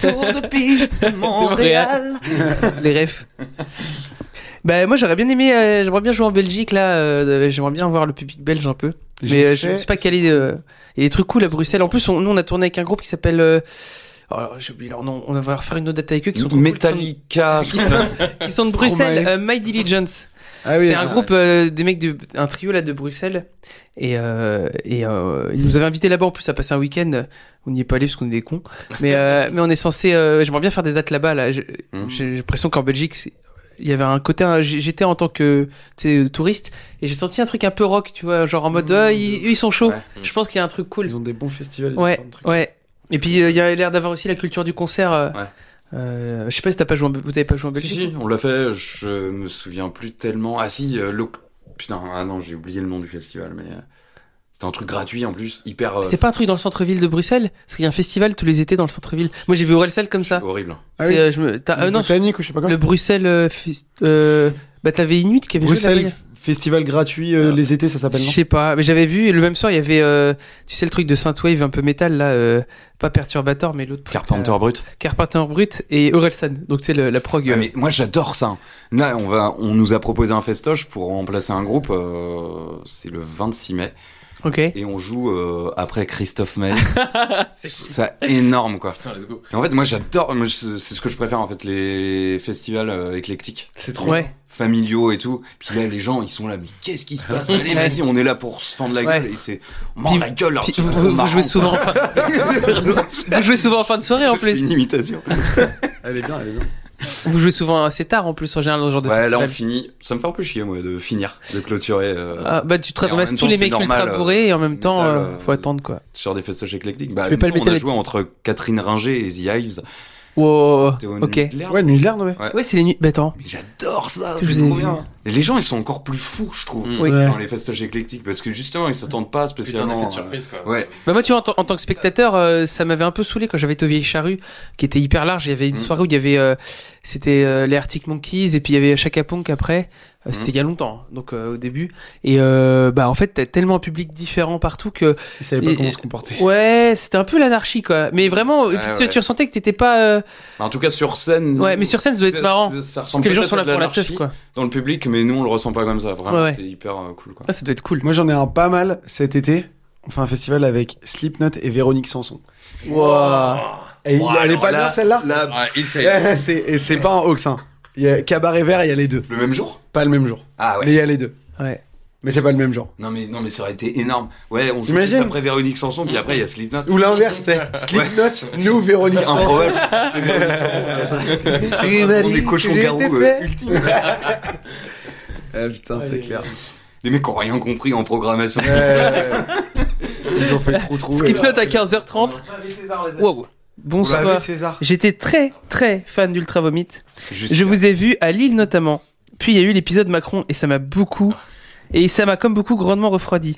[SPEAKER 3] Tour de piste, Montréal.
[SPEAKER 1] hein. les refs. bah moi, j'aurais bien aimé, euh, j'aimerais bien jouer en Belgique là, euh, j'aimerais bien voir le public belge un peu. Mais
[SPEAKER 4] J'ai
[SPEAKER 1] euh, je
[SPEAKER 4] fait-
[SPEAKER 1] me suis pas calé. euh, Il y a des trucs cool à Bruxelles. En plus, on, nous, on a tourné avec un groupe qui s'appelle. euh, oh, j'ai oublié leur nom. On va refaire une autre date avec eux qui sont trop cool, qui sont-
[SPEAKER 3] Metallica, je
[SPEAKER 1] Qui sont, qui sont de Bruxelles, euh, My Diligence.
[SPEAKER 4] Ah oui,
[SPEAKER 1] c'est un
[SPEAKER 3] ouais.
[SPEAKER 1] groupe, euh, des mecs, de, un trio là de Bruxelles. Et, euh, et euh, ils nous avaient invités là-bas en plus à passer un week-end. On n'y est pas allé parce qu'on est des cons. Mais, euh, mais on est censé. euh, J'aimerais bien faire des dates là-bas. Là. Je-
[SPEAKER 4] Mmh.
[SPEAKER 3] Mhm.
[SPEAKER 1] J'ai l'impression qu'en Belgique, c'est- il y avait un côté. un- j'ai- J'étais en tant que tu sais, touriste et j'ai senti un truc un peu rock, tu vois, genre en mode
[SPEAKER 4] Mhm.
[SPEAKER 1] euh, ils, eux, ils sont chauds.
[SPEAKER 3] Ouais.
[SPEAKER 1] Je pense qu'il y a un truc cool.
[SPEAKER 4] Ils ont des bons festivals. ils ont
[SPEAKER 1] Ouais,
[SPEAKER 4] plein de trucs.
[SPEAKER 1] ouais. Et puis euh, il y a l'air d'avoir aussi la culture du concert. euh,
[SPEAKER 3] Ouais.
[SPEAKER 1] euh, je sais pas si t'as pas joué. en Be- vous avez pas joué en
[SPEAKER 3] Si,
[SPEAKER 1] Belgique
[SPEAKER 3] si, on l'a fait, je me souviens plus tellement. Ah si, euh, l'oc- Putain, ah non, j'ai oublié le nom du festival, mais... euh, C'était un truc gratuit en plus, hyper... euh,
[SPEAKER 1] C'est pas un truc dans le centre-ville de Bruxelles Parce qu'il y a un festival tous les étés dans le centre-ville. Moi j'ai vu Orelsan comme ça.
[SPEAKER 3] Horrible.
[SPEAKER 4] Ah
[SPEAKER 1] C'est,
[SPEAKER 4] oui.
[SPEAKER 1] euh, je me- t'as- euh, non,
[SPEAKER 4] Britannique ou je sais pas quoi.
[SPEAKER 1] le Bruxelles. euh, fest- euh, bah t'avais Inuit qui avait joué
[SPEAKER 4] Bruxelles,
[SPEAKER 1] là-bas.
[SPEAKER 4] f- festival gratuit euh, les étés, ça s'appelle
[SPEAKER 1] Je
[SPEAKER 4] non
[SPEAKER 1] sais pas, mais j'avais vu et le même soir il y avait, euh, tu sais le truc de Synthwave un peu métal là, euh, pas Perturbator mais l'autre. truc,
[SPEAKER 3] Carpenter Brut.
[SPEAKER 1] euh, Carpenter Brut et Orelsan. Donc tu sais le- la prog.
[SPEAKER 3] Ah,
[SPEAKER 1] euh,
[SPEAKER 3] mais moi j'adore ça. Là, on, va, on nous a proposé un festoche pour remplacer un groupe, euh, c'est le 26 mai,
[SPEAKER 1] Ok.
[SPEAKER 3] et on joue euh, après Christophe May.
[SPEAKER 1] C'est
[SPEAKER 3] Je trouve ça énorme quoi.
[SPEAKER 2] Putain, let's go.
[SPEAKER 3] Et en fait, moi j'adore, moi, je- c'est ce que je préfère en fait, les festivals euh, éclectiques.
[SPEAKER 4] C'est
[SPEAKER 3] trop
[SPEAKER 1] Ouais.
[SPEAKER 3] familiaux et tout. Puis là, les gens, ils sont là, mais qu'est-ce qui se passe Allez, vas-y, on est là pour se fendre la gueule.
[SPEAKER 1] Ouais.
[SPEAKER 3] Et c'est, on mord
[SPEAKER 1] Puis-
[SPEAKER 3] la gueule, leur
[SPEAKER 1] Puis,
[SPEAKER 3] petit
[SPEAKER 1] vous,
[SPEAKER 3] truc
[SPEAKER 1] vous
[SPEAKER 3] marrant,
[SPEAKER 1] jouez
[SPEAKER 3] quoi.
[SPEAKER 1] souvent en fin... vous jouez souvent en fin de soirée en
[SPEAKER 3] C'est une
[SPEAKER 1] plus.
[SPEAKER 3] imitation.
[SPEAKER 4] Elle est bien, elle est bien.
[SPEAKER 1] Vous jouez souvent assez tard en plus en général dans ce genre de
[SPEAKER 3] Ouais, là,
[SPEAKER 1] festival.
[SPEAKER 3] on finit. Ça me fait un peu chier, moi, de finir, de clôturer euh,
[SPEAKER 1] Ah, bah tu te
[SPEAKER 3] Et en
[SPEAKER 1] ramasses
[SPEAKER 3] même
[SPEAKER 1] tous
[SPEAKER 3] temps,
[SPEAKER 1] les
[SPEAKER 3] c'est
[SPEAKER 1] mecs ultra
[SPEAKER 3] normal, euh,
[SPEAKER 1] bourrés et en même temps
[SPEAKER 3] métal,
[SPEAKER 1] euh,
[SPEAKER 3] euh,
[SPEAKER 1] faut attendre quoi.
[SPEAKER 3] sur des festoches éclectiques. Bah,
[SPEAKER 1] Tu fais pas le
[SPEAKER 3] on a
[SPEAKER 1] métal-
[SPEAKER 3] joué entre Catherine Ringer et The Hives.
[SPEAKER 1] Wow.
[SPEAKER 3] C'était au
[SPEAKER 1] Oh, Ok.
[SPEAKER 3] Nuit de l'Herbe.
[SPEAKER 4] Ouais, Nuit de l'Erne, ouais.
[SPEAKER 1] Ouais, c'est les nuits. Bah, attends.
[SPEAKER 3] Mais j'adore ça,
[SPEAKER 1] Est-ce que je
[SPEAKER 3] c'est
[SPEAKER 1] vous
[SPEAKER 3] trop
[SPEAKER 1] ai vu
[SPEAKER 3] bien. Et les gens, ils sont encore plus fous, je trouve,
[SPEAKER 2] Mm.
[SPEAKER 1] Oui.
[SPEAKER 3] dans les festages éclectiques, parce que justement, ils s'attendent pas
[SPEAKER 2] Putain,
[SPEAKER 3] spécialement.
[SPEAKER 2] d'effet de
[SPEAKER 3] euh,
[SPEAKER 2] surprise, quoi.
[SPEAKER 3] ouais.
[SPEAKER 1] Bah moi tu vois en, tant- en tant que spectateur euh, ça m'avait un peu saoulé quand j'avais été au Vieille Charrue qui était hyper large il y avait une
[SPEAKER 3] Mm.
[SPEAKER 1] soirée où il y avait euh, c'était euh, les Arctic Monkeys et puis il y avait Chaka Punk après Euh, c'était
[SPEAKER 3] Mm.
[SPEAKER 1] il y a longtemps donc euh, au début et euh, bah en fait t'as tellement un public différent partout que
[SPEAKER 4] Ils savaient pas
[SPEAKER 1] Et-
[SPEAKER 4] comment se comporter.
[SPEAKER 1] ouais c'était un peu l'anarchie quoi mais vraiment et puis
[SPEAKER 3] Ouais,
[SPEAKER 1] tu-
[SPEAKER 3] ouais.
[SPEAKER 1] tu ressentais que t'étais pas euh,
[SPEAKER 3] Mais en tout cas, sur scène.
[SPEAKER 1] Ouais, mais sur scène, ça doit être marrant,
[SPEAKER 3] ça- ça
[SPEAKER 1] parce
[SPEAKER 3] ressemble
[SPEAKER 1] que les gens
[SPEAKER 3] peut-être
[SPEAKER 1] sont
[SPEAKER 3] à
[SPEAKER 1] là
[SPEAKER 3] de
[SPEAKER 1] pour la
[SPEAKER 3] l'anarchie
[SPEAKER 1] teuf quoi
[SPEAKER 3] dans le public, mais nous, on le ressent pas comme ça. Vraiment,
[SPEAKER 1] Ouais, ouais.
[SPEAKER 3] c'est hyper euh, cool, quoi.
[SPEAKER 1] Ah, ça doit être cool
[SPEAKER 4] Moi, j'en ai un pas mal cet été. On fait un festival avec Slipknot et Véronique Sanson.
[SPEAKER 1] Wow.
[SPEAKER 4] Et
[SPEAKER 3] Oh,
[SPEAKER 4] elle est
[SPEAKER 3] alors
[SPEAKER 4] pas
[SPEAKER 3] là,
[SPEAKER 4] bien celle-là
[SPEAKER 1] bah,
[SPEAKER 3] là,
[SPEAKER 2] Ah, insane.
[SPEAKER 4] Eh, c'est- Et c'est pas un Auxin. Il y a Cabaret Vert, il y a les deux.
[SPEAKER 3] Le même jour
[SPEAKER 4] Pas le même jour.
[SPEAKER 3] Ah
[SPEAKER 4] Mais
[SPEAKER 3] ouais.
[SPEAKER 4] il y a les deux.
[SPEAKER 1] Ouais.
[SPEAKER 4] Mais c'est pas le même jour.
[SPEAKER 3] Non mais, non, mais ça aurait été énorme. Ouais, on joue
[SPEAKER 4] T'imagines
[SPEAKER 3] juste après Véronique Sanson, puis après, il y a Slipknot.
[SPEAKER 1] Mm.
[SPEAKER 4] Ou l'inverse, c'est Slipknot, nous, Véronique Sanson.
[SPEAKER 3] Improbable. C'est Véronique Sanson, ouais. Ça serait vraiment des cochons garous. euh,
[SPEAKER 4] Ah putain, c'est clair.
[SPEAKER 3] Les mecs ont rien compris en programmation.
[SPEAKER 4] Ils ont fait trou trou.
[SPEAKER 1] Skip note à 15h30 wow bonsoir
[SPEAKER 4] César.
[SPEAKER 1] j'étais très très fan d'Ultra Vomit
[SPEAKER 3] Juste-
[SPEAKER 1] Je vous ai vu à Lille notamment. Puis il y a eu l'épisode Macron et ça m'a beaucoup et ça m'a comme beaucoup grandement refroidi.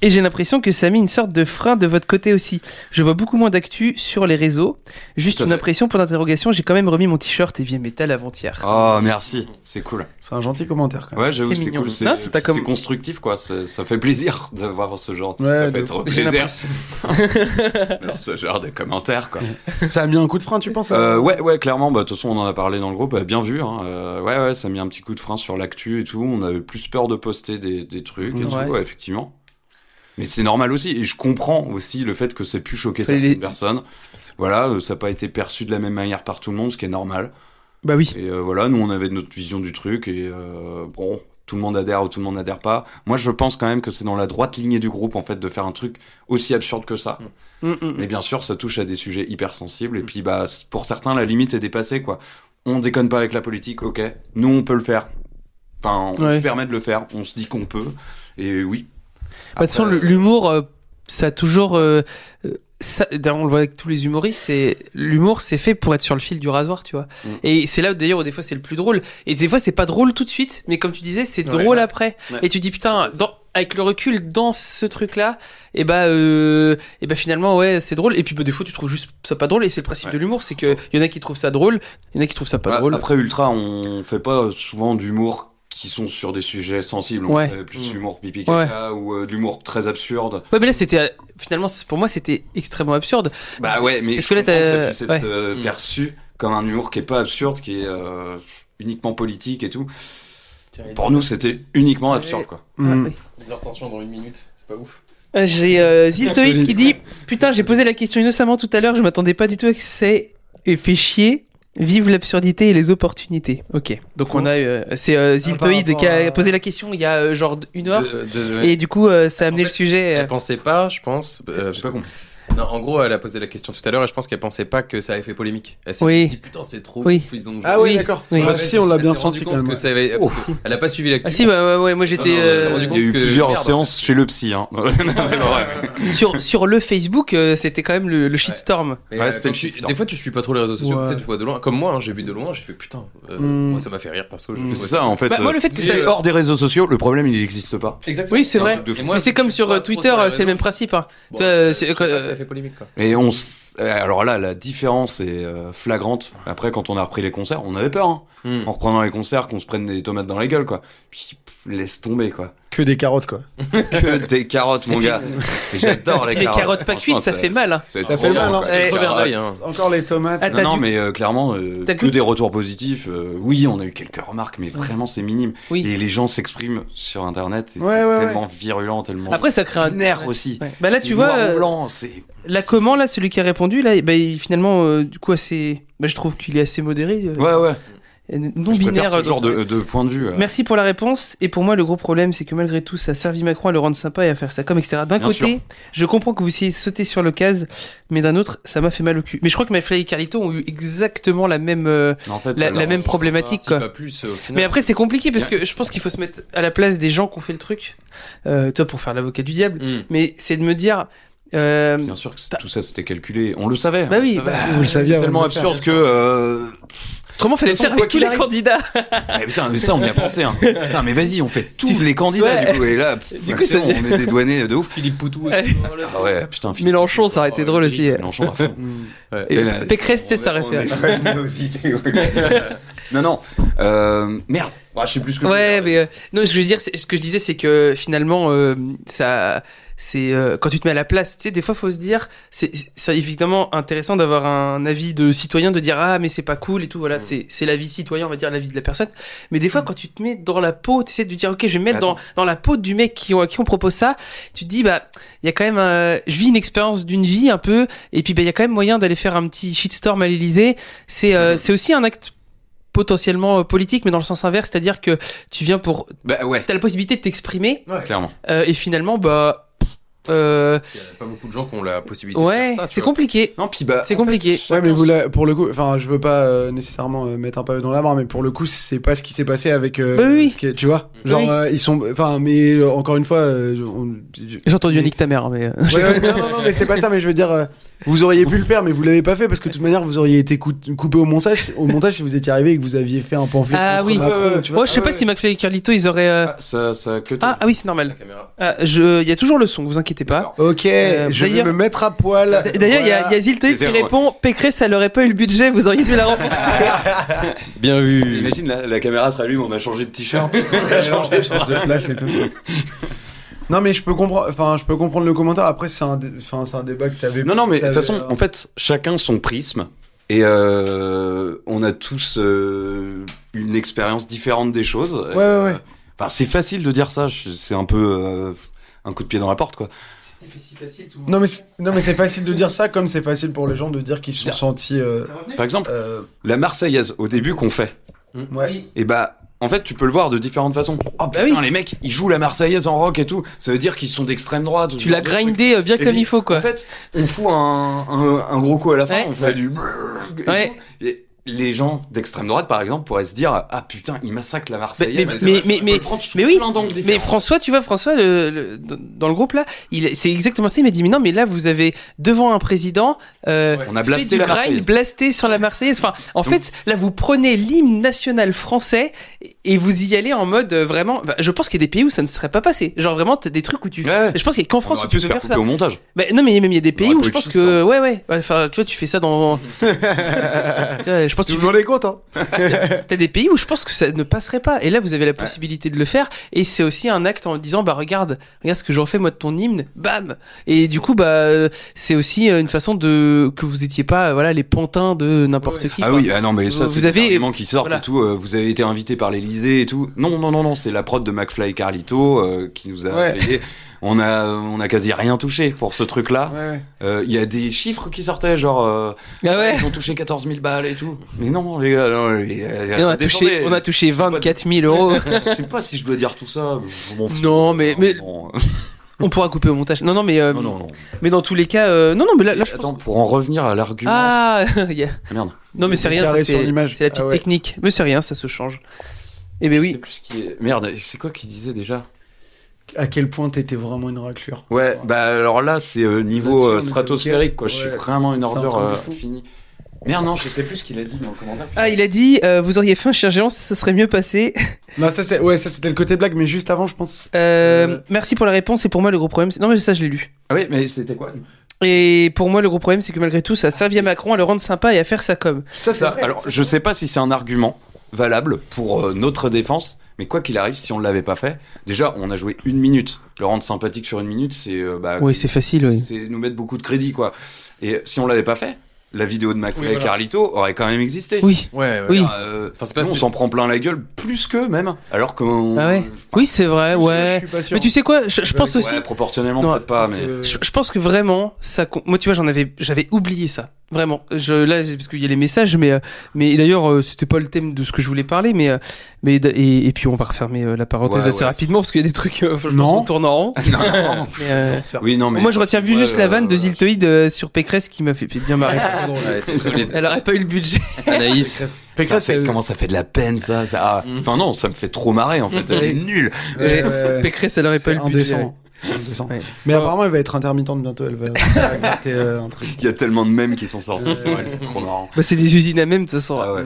[SPEAKER 1] Et j'ai l'impression que ça a mis une sorte de frein de votre côté aussi. Je vois beaucoup moins d'actu sur les réseaux. Juste
[SPEAKER 3] Tout à
[SPEAKER 1] une
[SPEAKER 3] fait.
[SPEAKER 1] impression pour l'interrogation, j'ai quand même remis mon t-shirt et vieux métal avant-hier.
[SPEAKER 3] Oh merci, c'est cool.
[SPEAKER 4] C'est un gentil commentaire, quand même.
[SPEAKER 3] Ah Ouais, j'avoue,
[SPEAKER 1] C'est
[SPEAKER 3] c'est
[SPEAKER 1] mignon.
[SPEAKER 3] cool.
[SPEAKER 1] Non,
[SPEAKER 3] C'est
[SPEAKER 1] c'est pas comme-
[SPEAKER 3] c'est constructif, quoi. Ça ça fait plaisir de voir ce genre.
[SPEAKER 4] Ouais,
[SPEAKER 3] ça
[SPEAKER 4] de
[SPEAKER 3] fait trop
[SPEAKER 1] J'ai
[SPEAKER 3] plaisir.
[SPEAKER 1] l'impression-
[SPEAKER 3] Alors, ce genre de commentaires, quoi.
[SPEAKER 4] Ça a mis un coup de frein, tu penses
[SPEAKER 3] Euh,
[SPEAKER 4] à...
[SPEAKER 3] ouais, ouais, clairement. Bah, de toute façon, on en a parlé dans le groupe. euh, Bien vu. Hein. Euh, ouais, ouais, ça a mis un petit coup de frein sur l'actu et tout. On avait plus peur de poster des, des trucs et
[SPEAKER 1] Ouais.
[SPEAKER 3] tout. Ouais, effectivement. Mais c'est normal aussi. Et je comprends aussi le fait que c'est pu choquer
[SPEAKER 1] Fallait
[SPEAKER 3] certaines
[SPEAKER 1] les-
[SPEAKER 3] personnes. Voilà, euh, ça n'a pas été perçu de la même manière par tout le monde, ce qui est normal.
[SPEAKER 1] Bah oui.
[SPEAKER 3] Et euh, voilà, nous, on avait notre vision du truc. Et euh, bon, tout le monde adhère ou tout le monde n'adhère pas. Moi, je pense quand même que c'est dans la droite lignée du groupe, en fait, de faire un truc aussi absurde que ça.
[SPEAKER 1] Mm, mm, mm.
[SPEAKER 3] Mais bien sûr, ça touche à des sujets hyper sensibles. Et puis, bah, c- pour certains, la limite est dépassée, quoi. On déconne pas avec la politique, ok. Nous, on peut le faire. Enfin, on
[SPEAKER 1] Ouais.
[SPEAKER 3] se permet de le faire. On se dit qu'on peut. Et oui.
[SPEAKER 1] Bah, De toute façon,
[SPEAKER 3] Après,
[SPEAKER 1] le- l'humour, euh, ça a toujours. euh, euh, ça- d'ailleurs, on le voit avec tous les humoristes, et l'humour, c'est fait pour être sur le fil du rasoir, tu vois.
[SPEAKER 3] Mm.
[SPEAKER 1] Et c'est là, où, d'ailleurs, où des fois, c'est le plus drôle. Et des fois, c'est pas drôle tout de suite, mais comme tu disais, c'est
[SPEAKER 2] Ouais,
[SPEAKER 1] drôle
[SPEAKER 2] ouais.
[SPEAKER 1] après.
[SPEAKER 3] Ouais.
[SPEAKER 1] Et tu dis, putain, dans- avec le recul, dans ce truc-là, et bah, euh, et bah, finalement, ouais, c'est drôle. Et puis, bah, des fois, tu trouves juste ça pas drôle, et c'est le principe
[SPEAKER 3] Ouais.
[SPEAKER 1] de l'humour, c'est que y en a qui trouvent ça drôle, y en a qui trouvent ça pas
[SPEAKER 3] bah,
[SPEAKER 1] drôle.
[SPEAKER 3] Après, Ultra, on fait pas souvent d'humour qui sont sur des sujets sensibles. On
[SPEAKER 1] Ouais.
[SPEAKER 3] fait plus
[SPEAKER 2] Mm.
[SPEAKER 3] d'humour pipi
[SPEAKER 1] Ouais.
[SPEAKER 3] caca ou euh, de l'humour très absurde.
[SPEAKER 1] Ouais, mais là, c'était, euh, finalement, c'est- pour moi, c'était extrêmement absurde.
[SPEAKER 3] Bah ouais, mais
[SPEAKER 1] Parce
[SPEAKER 3] je
[SPEAKER 1] que là,
[SPEAKER 3] comprends
[SPEAKER 1] t'as-
[SPEAKER 3] ça puisse
[SPEAKER 1] ouais.
[SPEAKER 3] être euh,
[SPEAKER 2] Mm.
[SPEAKER 3] perçu comme un humour qui est pas absurde, qui est euh, uniquement politique et tout.
[SPEAKER 2] Tiens,
[SPEAKER 3] Pour nous, c'était uniquement absurde, quoi.
[SPEAKER 4] Hmm.
[SPEAKER 1] Ah, oui.
[SPEAKER 2] 10h tension dans une minute, c'est pas ouf.
[SPEAKER 1] Euh, J'ai euh, Ziltoïd
[SPEAKER 4] Solide.
[SPEAKER 1] qui dit Putain, j'ai posé la question innocemment tout à l'heure, je m'attendais pas du tout à que c'est. Et fait chier. Vive l'absurdité et les opportunités. Ok. Donc on a. euh, c'est euh,
[SPEAKER 2] Ah,
[SPEAKER 1] Ziltoïd
[SPEAKER 5] rapport
[SPEAKER 1] qui a
[SPEAKER 5] à-
[SPEAKER 1] posé la question il y a euh, genre une heure.
[SPEAKER 2] De- de-
[SPEAKER 1] Et du coup, euh, ça a amené
[SPEAKER 2] En
[SPEAKER 1] le
[SPEAKER 2] fait,
[SPEAKER 1] sujet. euh,
[SPEAKER 2] Elle pensait pas, je pense. euh,
[SPEAKER 3] J'ai pas compris.
[SPEAKER 2] Non, en gros, elle a posé la question tout à l'heure et je pense qu'elle pensait pas que ça avait fait polémique. Elle s'est
[SPEAKER 1] Oui.
[SPEAKER 2] dit putain, c'est trop
[SPEAKER 1] Oui.
[SPEAKER 2] ouf, ils ont
[SPEAKER 4] Ah oui,
[SPEAKER 1] Oui.
[SPEAKER 4] d'accord.
[SPEAKER 1] Oui.
[SPEAKER 4] Bah, si, on l'a
[SPEAKER 2] Elle
[SPEAKER 4] bien
[SPEAKER 2] s'est rendue
[SPEAKER 4] senti quand
[SPEAKER 2] compte
[SPEAKER 4] même.
[SPEAKER 2] que ça avait- parce que Elle a pas suivi l'actu.
[SPEAKER 1] Ah si, bah ouais, ouais, moi j'étais
[SPEAKER 2] Non, non, elle s'est
[SPEAKER 1] euh,
[SPEAKER 2] rendue
[SPEAKER 3] Il y a eu
[SPEAKER 2] que-
[SPEAKER 3] plusieurs
[SPEAKER 2] merde.
[SPEAKER 3] séances chez le psy. Hein. Non, c'est pas vrai.
[SPEAKER 1] sur, sur le Facebook, euh, c'était quand même le, le shitstorm.
[SPEAKER 2] Mais,
[SPEAKER 3] Ouais,
[SPEAKER 2] euh,
[SPEAKER 3] c'était
[SPEAKER 2] quand tu-
[SPEAKER 3] une
[SPEAKER 2] Des fois, tu suis pas trop les réseaux sociaux.
[SPEAKER 1] Ouais.
[SPEAKER 2] tu sais, Tu vois de loin. Comme moi, hein, j'ai vu de loin, j'ai fait putain. euh,
[SPEAKER 4] Mm.
[SPEAKER 2] Moi, ça m'a fait rire perso. je-
[SPEAKER 4] Mm.
[SPEAKER 2] ouais. euh,
[SPEAKER 3] C'est ça en fait.
[SPEAKER 1] Bah, moi, le fait que
[SPEAKER 3] si
[SPEAKER 1] ça-
[SPEAKER 3] t'es hors des réseaux sociaux, le problème il n'existe pas.
[SPEAKER 2] Exactement.
[SPEAKER 1] Oui, c'est
[SPEAKER 2] un
[SPEAKER 1] vrai.
[SPEAKER 2] truc de fou.
[SPEAKER 1] Mais c'est comme
[SPEAKER 2] je suis
[SPEAKER 1] sur
[SPEAKER 2] pas
[SPEAKER 1] euh,
[SPEAKER 2] trop
[SPEAKER 1] Twitter,
[SPEAKER 2] les
[SPEAKER 1] euh, c'est le
[SPEAKER 2] réseaux
[SPEAKER 1] même principe. hein.
[SPEAKER 2] Bon,
[SPEAKER 1] Tu vois,
[SPEAKER 2] euh,
[SPEAKER 1] euh, c'est-
[SPEAKER 2] je sais pas,
[SPEAKER 1] euh,
[SPEAKER 2] ça fait polémique quoi.
[SPEAKER 3] Et on, s- euh, alors là, la différence est euh, flagrante. Après, quand on a repris les concerts, on avait peur. hein.
[SPEAKER 1] Mm.
[SPEAKER 3] En reprenant les concerts, qu'on se prenne des tomates dans la gueule, quoi. Puis pff, laisse tomber, quoi.
[SPEAKER 4] Que des carottes, quoi.
[SPEAKER 3] Que des carottes, mon gars. Et J'adore les
[SPEAKER 1] Puis les
[SPEAKER 3] carottes.
[SPEAKER 1] carottes pas cuites, ça fait mal. hein.
[SPEAKER 3] Ça
[SPEAKER 4] fait mal, hein.
[SPEAKER 1] Eh,
[SPEAKER 2] Creveur d'œil, hein.
[SPEAKER 4] Encore les tomates.
[SPEAKER 1] Ah,
[SPEAKER 3] Non,
[SPEAKER 1] t'as
[SPEAKER 3] non,
[SPEAKER 1] dû-
[SPEAKER 3] mais euh, clairement, euh,
[SPEAKER 1] T'as
[SPEAKER 3] que
[SPEAKER 1] dû-
[SPEAKER 3] des retours positifs. euh, oui, on a eu quelques remarques, mais vraiment, c'est minime.
[SPEAKER 1] Oui.
[SPEAKER 3] Et les gens s'expriment sur Internet. et
[SPEAKER 4] Ouais,
[SPEAKER 3] c'est
[SPEAKER 4] ouais, ouais.
[SPEAKER 3] tellement virulent, tellement.
[SPEAKER 1] Après, ça crée un.
[SPEAKER 3] binaire aussi.
[SPEAKER 1] Ouais. Bah là,
[SPEAKER 3] C'est
[SPEAKER 1] tu vois.
[SPEAKER 3] noir ou
[SPEAKER 1] euh,
[SPEAKER 3] blanc, c'est
[SPEAKER 1] Là, comment, là, celui qui a répondu, là, bah, il- finalement, euh, du coup, assez. Bah, je trouve qu'il est assez modéré, euh,
[SPEAKER 3] ouais ouais.
[SPEAKER 1] et non
[SPEAKER 3] Je
[SPEAKER 1] binaire.
[SPEAKER 3] préfère
[SPEAKER 1] euh,
[SPEAKER 3] ce genre
[SPEAKER 1] dans-
[SPEAKER 3] de, de point de vue. euh.
[SPEAKER 1] Merci pour la réponse. Et pour moi, le gros problème, c'est que malgré tout, ça a servi Macron à le rendre sympa et à faire ça comme, etc. D'un
[SPEAKER 3] Bien
[SPEAKER 1] côté,
[SPEAKER 3] sûr.
[SPEAKER 1] je comprends que vous essayez de sauter sur l'occasion, mais d'un autre, ça m'a fait mal au cul. Mais je crois que McFly et Carlito ont eu exactement la même, euh,
[SPEAKER 3] Mais en fait,
[SPEAKER 1] la,
[SPEAKER 3] ça
[SPEAKER 1] la
[SPEAKER 3] leur-
[SPEAKER 1] même problématique,
[SPEAKER 2] Si,
[SPEAKER 1] quoi.
[SPEAKER 2] pas plus. euh, au final.
[SPEAKER 1] Mais après, c'est compliqué parce que je pense qu'il faut se mettre à la place des gens qui ont fait le truc. Euh, toi, pour faire l'avocat du diable.
[SPEAKER 2] Mm.
[SPEAKER 1] Mais c'est de me dire, Euh,
[SPEAKER 3] Bien sûr que c'est- tout ça c'était calculé, on le savait.
[SPEAKER 1] Bah
[SPEAKER 3] on
[SPEAKER 1] oui,
[SPEAKER 3] savait.
[SPEAKER 1] bah,
[SPEAKER 4] Ah, vous le saviez.
[SPEAKER 3] c'est
[SPEAKER 4] avant
[SPEAKER 3] tellement
[SPEAKER 4] de le faire.
[SPEAKER 3] absurde que. euh,
[SPEAKER 1] Comment fallait
[SPEAKER 3] façon,
[SPEAKER 1] faire
[SPEAKER 3] quoi
[SPEAKER 1] avec tous
[SPEAKER 3] qu'il
[SPEAKER 1] les
[SPEAKER 3] arrive-
[SPEAKER 1] candidats
[SPEAKER 3] Ah, putain, mais ça on y a pensé. Hein. Putain, mais vas-y, on fait tous les candidats
[SPEAKER 1] Ouais.
[SPEAKER 3] du coup. Et là, pff,
[SPEAKER 1] Du coup,
[SPEAKER 3] c'est
[SPEAKER 1] ça-
[SPEAKER 3] bon, on est dédouanés de ouf.
[SPEAKER 2] Philippe Poutou.
[SPEAKER 1] Ouais.
[SPEAKER 3] Ah ouais, putain. Philippe.
[SPEAKER 1] Mélenchon, ça aurait été
[SPEAKER 2] Oh,
[SPEAKER 1] drôle
[SPEAKER 2] le
[SPEAKER 1] aussi.
[SPEAKER 3] Mélenchon à fond.
[SPEAKER 4] Mm.
[SPEAKER 1] Et
[SPEAKER 3] Et là,
[SPEAKER 1] Pécresse, c'était sa
[SPEAKER 3] on est- on
[SPEAKER 1] référence.
[SPEAKER 3] est- non, non. Euh, merde. Ah, je sais plus ce que je voulais
[SPEAKER 1] Ouais,
[SPEAKER 3] dire.
[SPEAKER 1] mais euh, non, ce que je veux dire, c'est- ce que je disais, c'est que finalement, euh, ça, c'est euh, quand tu te mets à la place, tu sais, des fois, faut se dire, c'est, c'est évidemment intéressant d'avoir un avis de citoyen, de dire ah mais c'est pas cool et tout,
[SPEAKER 3] Mm.
[SPEAKER 1] voilà, c'est, c'est l'avis citoyen, on va dire l'avis de la personne. Mais des fois, quand tu te mets dans la peau, tu sais, de dire ok, je vais me mettre dans, dans la peau du mec qui, à qui on propose ça, tu te dis bah il y a quand même, euh, je vis une expérience d'une vie un peu, et puis bah il y a quand même moyen d'aller faire un petit shitstorm à l'Élysée. C'est, euh,
[SPEAKER 3] Mm.
[SPEAKER 1] c'est aussi un acte potentiellement euh, politique, mais dans le sens inverse, c'est-à-dire que tu viens pour
[SPEAKER 3] Bah ouais,
[SPEAKER 1] t'as la possibilité de t'exprimer
[SPEAKER 3] clairement.
[SPEAKER 1] euh, et finalement bah euh,
[SPEAKER 2] Il y a pas beaucoup de gens qui ont la possibilité de
[SPEAKER 1] ouais
[SPEAKER 2] faire ça.
[SPEAKER 1] c'est compliqué
[SPEAKER 3] Non, puis bah.
[SPEAKER 1] c'est compliqué
[SPEAKER 4] Ouais, mais vous, la- pour le coup, enfin, je veux pas euh, nécessairement euh, mettre un pavé dans la mare, mais pour le coup, c'est pas ce qui s'est passé avec. euh,
[SPEAKER 1] Bah oui.
[SPEAKER 4] ce qui est- tu vois, genre
[SPEAKER 1] Oui.
[SPEAKER 4] euh, ils sont, enfin, mais euh, encore une fois, euh, je- on- je-
[SPEAKER 1] j'ai entendu
[SPEAKER 4] Mais-
[SPEAKER 1] Yannick ta mère mais euh,
[SPEAKER 4] Ouais, ouais, non, non, non, mais c'est pas ça, mais je veux dire, euh, vous auriez pu le faire, mais vous l'avez pas fait parce que de toute manière, vous auriez été coup- coupé au montage, au montage si vous étiez arrivé et que vous aviez fait un pamphlet.
[SPEAKER 1] ah
[SPEAKER 4] contre
[SPEAKER 1] oui
[SPEAKER 4] Macron, tu vois.
[SPEAKER 1] oh je sais pas si McFly et Carlito ils auraient euh,
[SPEAKER 3] Ah, ça, ça que
[SPEAKER 1] ah, ah oui c'est
[SPEAKER 2] La
[SPEAKER 1] normal
[SPEAKER 2] caméra.
[SPEAKER 1] Ah, je il y a toujours le son vous inquiétez pas
[SPEAKER 3] D'accord.
[SPEAKER 4] Ok,
[SPEAKER 1] Euh,
[SPEAKER 4] je vais
[SPEAKER 1] d'ailleurs-
[SPEAKER 4] me mettre à poil.
[SPEAKER 1] D'ailleurs, il y a- il y a Ziltoïd qui
[SPEAKER 3] Zéro.
[SPEAKER 1] répond Pécresse, elle aurait pas eu le budget, vous auriez dû la rembourser.
[SPEAKER 2] Bien vu.
[SPEAKER 3] Imagine, la, la caméra se rallume, on a changé de t-shirt. On a changé-
[SPEAKER 4] change de place et tout. Non mais je peux comprendre, enfin je peux comprendre le commentaire. Après c'est un, dé- enfin c'est un débat que t'avais.
[SPEAKER 3] non, non, mais de toute
[SPEAKER 4] t'avais-
[SPEAKER 3] façon, en fait, chacun son prisme. Et euh, on a tous euh, une expérience différente des choses.
[SPEAKER 4] euh, Ouais ouais ouais.
[SPEAKER 3] Enfin, c'est facile de dire ça. je- C'est un peu euh, un coup de pied dans la porte, quoi.
[SPEAKER 4] Non mais c'est- non mais c'est facile de dire ça, comme c'est facile pour les gens de dire qu'ils se sont sentis. euh,
[SPEAKER 3] Par exemple,
[SPEAKER 4] euh,
[SPEAKER 3] la Marseillaise, au début, qu'on fait.
[SPEAKER 4] ouais.
[SPEAKER 3] Et bah, en fait, tu peux le voir de différentes façons. Oh putain,
[SPEAKER 1] Bah oui.
[SPEAKER 3] les mecs, ils jouent la Marseillaise en rock et tout. Ça veut dire qu'ils sont d'extrême droite.
[SPEAKER 1] tu l'as grindé euh, bien
[SPEAKER 3] Et
[SPEAKER 1] comme
[SPEAKER 3] puis,
[SPEAKER 1] il faut quoi.
[SPEAKER 3] En fait, on fout un, un- un gros coup à la fin,
[SPEAKER 1] Ouais.
[SPEAKER 3] on fait du. brrr et
[SPEAKER 1] Ouais.
[SPEAKER 3] tout. Et les gens d'extrême droite, par exemple, pourraient se dire Ah putain, ils massacrent la Marseillaise.
[SPEAKER 1] Mais- mais-
[SPEAKER 3] c'est
[SPEAKER 1] mais-
[SPEAKER 3] vrai, ça,
[SPEAKER 1] mais-
[SPEAKER 3] on peut
[SPEAKER 1] mais-
[SPEAKER 3] le prendre sous
[SPEAKER 1] mais oui.
[SPEAKER 3] plein d'angles
[SPEAKER 1] Mais
[SPEAKER 3] différents.
[SPEAKER 1] François, tu vois, François, le- le- dans- dans le groupe là, il, c'est exactement ça. Il m'a dit, mais non, mais là, vous avez devant un président, euh,
[SPEAKER 3] On a
[SPEAKER 1] fait
[SPEAKER 3] blasté
[SPEAKER 1] du
[SPEAKER 3] la
[SPEAKER 1] grind,
[SPEAKER 3] Marseillaise.
[SPEAKER 1] blasté sur la Marseillaise. Enfin, en fait, là, vous prenez l'hymne national français et- et vous y allez en mode euh, vraiment. bah, je pense qu'il y a des pays où ça ne serait pas passé. Genre vraiment, t'as des trucs où tu.
[SPEAKER 3] Ouais.
[SPEAKER 1] Je pense qu'il y a qu'en
[SPEAKER 3] On
[SPEAKER 1] France
[SPEAKER 3] aurait
[SPEAKER 1] où
[SPEAKER 3] pu
[SPEAKER 1] tu
[SPEAKER 3] se
[SPEAKER 1] peux
[SPEAKER 3] faire
[SPEAKER 1] faire
[SPEAKER 3] couper
[SPEAKER 1] ça.
[SPEAKER 3] au montage.
[SPEAKER 1] Bah, non, mais même il y a des pays
[SPEAKER 3] aurait
[SPEAKER 1] où
[SPEAKER 3] pas
[SPEAKER 1] je
[SPEAKER 3] eu de
[SPEAKER 1] pense
[SPEAKER 3] schiste,
[SPEAKER 1] que ouais, ouais. Enfin, tu vois, tu fais ça dans. tu vois, je pense que tu
[SPEAKER 4] Toujours les comptes hein.
[SPEAKER 1] T'as des pays où je pense que ça ne passerait pas. Et là, vous avez la possibilité de le faire. Et c'est aussi un acte en disant, bah regarde, regarde ce que j'en fais moi de ton hymne, bam. Et du coup, bah euh, c'est aussi euh, une façon de que vous étiez pas, euh, voilà, les pantins de n'importe qui.
[SPEAKER 3] Ah
[SPEAKER 1] quoi.
[SPEAKER 3] oui, ah non, mais ça,
[SPEAKER 1] Vous
[SPEAKER 3] c'est
[SPEAKER 1] avez-
[SPEAKER 3] des arguments qui sortent
[SPEAKER 1] voilà.
[SPEAKER 3] et tout. euh, vous avez été invité par l'Elysée et tout. Non, non, non, non, c'est la prod de McFly et Carlito euh, qui nous a
[SPEAKER 4] Ouais.
[SPEAKER 3] payé. On a, on a quasi rien touché pour ce truc-là.
[SPEAKER 4] Ouais, ouais.
[SPEAKER 3] Euh, Il y a des chiffres qui sortaient, genre euh,
[SPEAKER 1] Ah ouais.
[SPEAKER 3] ils ont touché 14 000 balles et tout. Mais non, les gars, non, les gars,
[SPEAKER 1] Et on a touché,
[SPEAKER 3] descendez.
[SPEAKER 1] on a touché
[SPEAKER 3] pas de-
[SPEAKER 1] 24 000 euros.
[SPEAKER 3] Je sais pas si je dois dire tout ça. je m'en fous.
[SPEAKER 1] Non, mais- mais-
[SPEAKER 3] non,
[SPEAKER 1] on pourra couper au montage. Non, non, mais euh,
[SPEAKER 3] non, non, non.
[SPEAKER 1] mais dans tous les cas, euh, non, non, mais là, là je pense-
[SPEAKER 3] Attends, pour en revenir à l'argument.
[SPEAKER 1] Ah, il y a-
[SPEAKER 3] Ah, merde.
[SPEAKER 1] non, mais c'est rien.
[SPEAKER 4] Carré
[SPEAKER 1] ça,
[SPEAKER 4] sur
[SPEAKER 1] C'est
[SPEAKER 4] l'image.
[SPEAKER 1] c'est la petite
[SPEAKER 4] Ah ouais.
[SPEAKER 1] technique. Mais c'est rien, ça se change. Eh ben
[SPEAKER 3] Je sais
[SPEAKER 1] oui.
[SPEAKER 3] plus ce qui est- Merde, c'est quoi qu'il disait déjà
[SPEAKER 4] À quel point t'étais vraiment une raclure.
[SPEAKER 3] Ouais, bah alors là, c'est euh, niveau
[SPEAKER 4] Là-dessus,
[SPEAKER 3] euh,
[SPEAKER 4] on est
[SPEAKER 3] stratosphérique, quoi. Je
[SPEAKER 4] bloqué.
[SPEAKER 3] suis vraiment une
[SPEAKER 4] C'est un
[SPEAKER 3] ordure
[SPEAKER 4] truc de
[SPEAKER 3] euh,
[SPEAKER 4] fou.
[SPEAKER 3] finie. Merde, non, je sais plus ce qu'il a dit dans le commentaire.
[SPEAKER 1] Ah, il a dit, euh, vous auriez fait un chien géant, ça serait mieux passé.
[SPEAKER 4] Non ça c'est, ouais ça c'était le côté blague, mais juste avant je pense.
[SPEAKER 1] Euh,
[SPEAKER 4] Euh,
[SPEAKER 1] Merci pour la réponse. Et pour moi, le gros problème, c'est... non mais ça, je l'ai lu.
[SPEAKER 3] Ah oui, mais c'était quoi
[SPEAKER 1] Et pour moi, le gros problème, c'est que malgré tout, ça a servi à Macron à le rendre sympa et à faire sa com.
[SPEAKER 4] Ça c'est
[SPEAKER 3] Ça, alors, je sais pas si c'est un argument valable pour euh, notre défense, mais quoi qu'il arrive, si on l'avait pas fait, déjà, on a joué une minute. Le rendre sympathique sur une minute, c'est euh, bah,
[SPEAKER 1] Ah facile.
[SPEAKER 3] c'est nous mettre beaucoup de crédit, quoi. Et si on l'avait pas fait, la vidéo de McFly
[SPEAKER 2] Oui,
[SPEAKER 3] et
[SPEAKER 2] voilà.
[SPEAKER 3] Carlito aurait quand même existé.
[SPEAKER 1] Oui,
[SPEAKER 2] Ouais, ouais.
[SPEAKER 1] Oui.
[SPEAKER 3] Euh,
[SPEAKER 2] Enfin, c'est pas
[SPEAKER 3] nous, on
[SPEAKER 2] su-
[SPEAKER 3] s'en prend plein la gueule, plus qu'eux même, alors qu'on.
[SPEAKER 1] Ah ouais. oui, c'est vrai. Ouais. Mais
[SPEAKER 4] hein.
[SPEAKER 1] tu sais quoi Je, je pense
[SPEAKER 3] Ouais,
[SPEAKER 1] aussi.
[SPEAKER 3] proportionnellement,
[SPEAKER 1] Non, euh,
[SPEAKER 3] peut-être pas, mais.
[SPEAKER 1] Je, je pense que vraiment, ça. con- Moi, tu vois, j'en avais, j'avais oublié ça. Vraiment. Je, là, c'est parce qu'il y a les messages, mais, euh, mais d'ailleurs, euh, c'était pas le thème de ce que je voulais parler, mais, euh, mais d- et, et puis on va refermer euh, la parenthèse
[SPEAKER 3] Ouais,
[SPEAKER 1] assez
[SPEAKER 3] ouais.
[SPEAKER 1] rapidement parce qu'il y a des trucs. euh, je
[SPEAKER 4] Non.
[SPEAKER 1] pense qu'on tourne en rond.
[SPEAKER 3] Non, non.
[SPEAKER 1] Mais, euh,
[SPEAKER 3] oui, non, mais.
[SPEAKER 1] moi, je retiens vu
[SPEAKER 3] Ouais,
[SPEAKER 1] juste la
[SPEAKER 3] ouais,
[SPEAKER 1] vanne de
[SPEAKER 3] ouais.
[SPEAKER 1] Ziltoïd euh, sur Pécresse qui m'a fait bien marrer.
[SPEAKER 3] Ah,
[SPEAKER 2] Ouais, c'est solide.
[SPEAKER 1] Elle aurait pas eu le budget.
[SPEAKER 2] Anaïs.
[SPEAKER 3] Putain,
[SPEAKER 4] Pécresse,
[SPEAKER 3] c'est-
[SPEAKER 4] elle-
[SPEAKER 3] Comment ça fait de la peine, ça, ça- ah.
[SPEAKER 2] Mm.
[SPEAKER 3] Enfin, non, ça me fait trop marrer, en fait. Elle est nulle.
[SPEAKER 4] Ouais, ouais, ouais.
[SPEAKER 1] Pécresse, elle aurait pas eu
[SPEAKER 4] C'est
[SPEAKER 1] le budget.
[SPEAKER 4] indécent. C'est intéressant.
[SPEAKER 1] Ouais.
[SPEAKER 4] Mais apparemment, elle va être intermittente bientôt. Elle va elle va gratter, euh, un truc.
[SPEAKER 3] Il y a tellement de mèmes qui sont sortis sur elle, c'est trop marrant.
[SPEAKER 1] Bah, c'est des usines à même, de toute façon.
[SPEAKER 3] Ah ouais.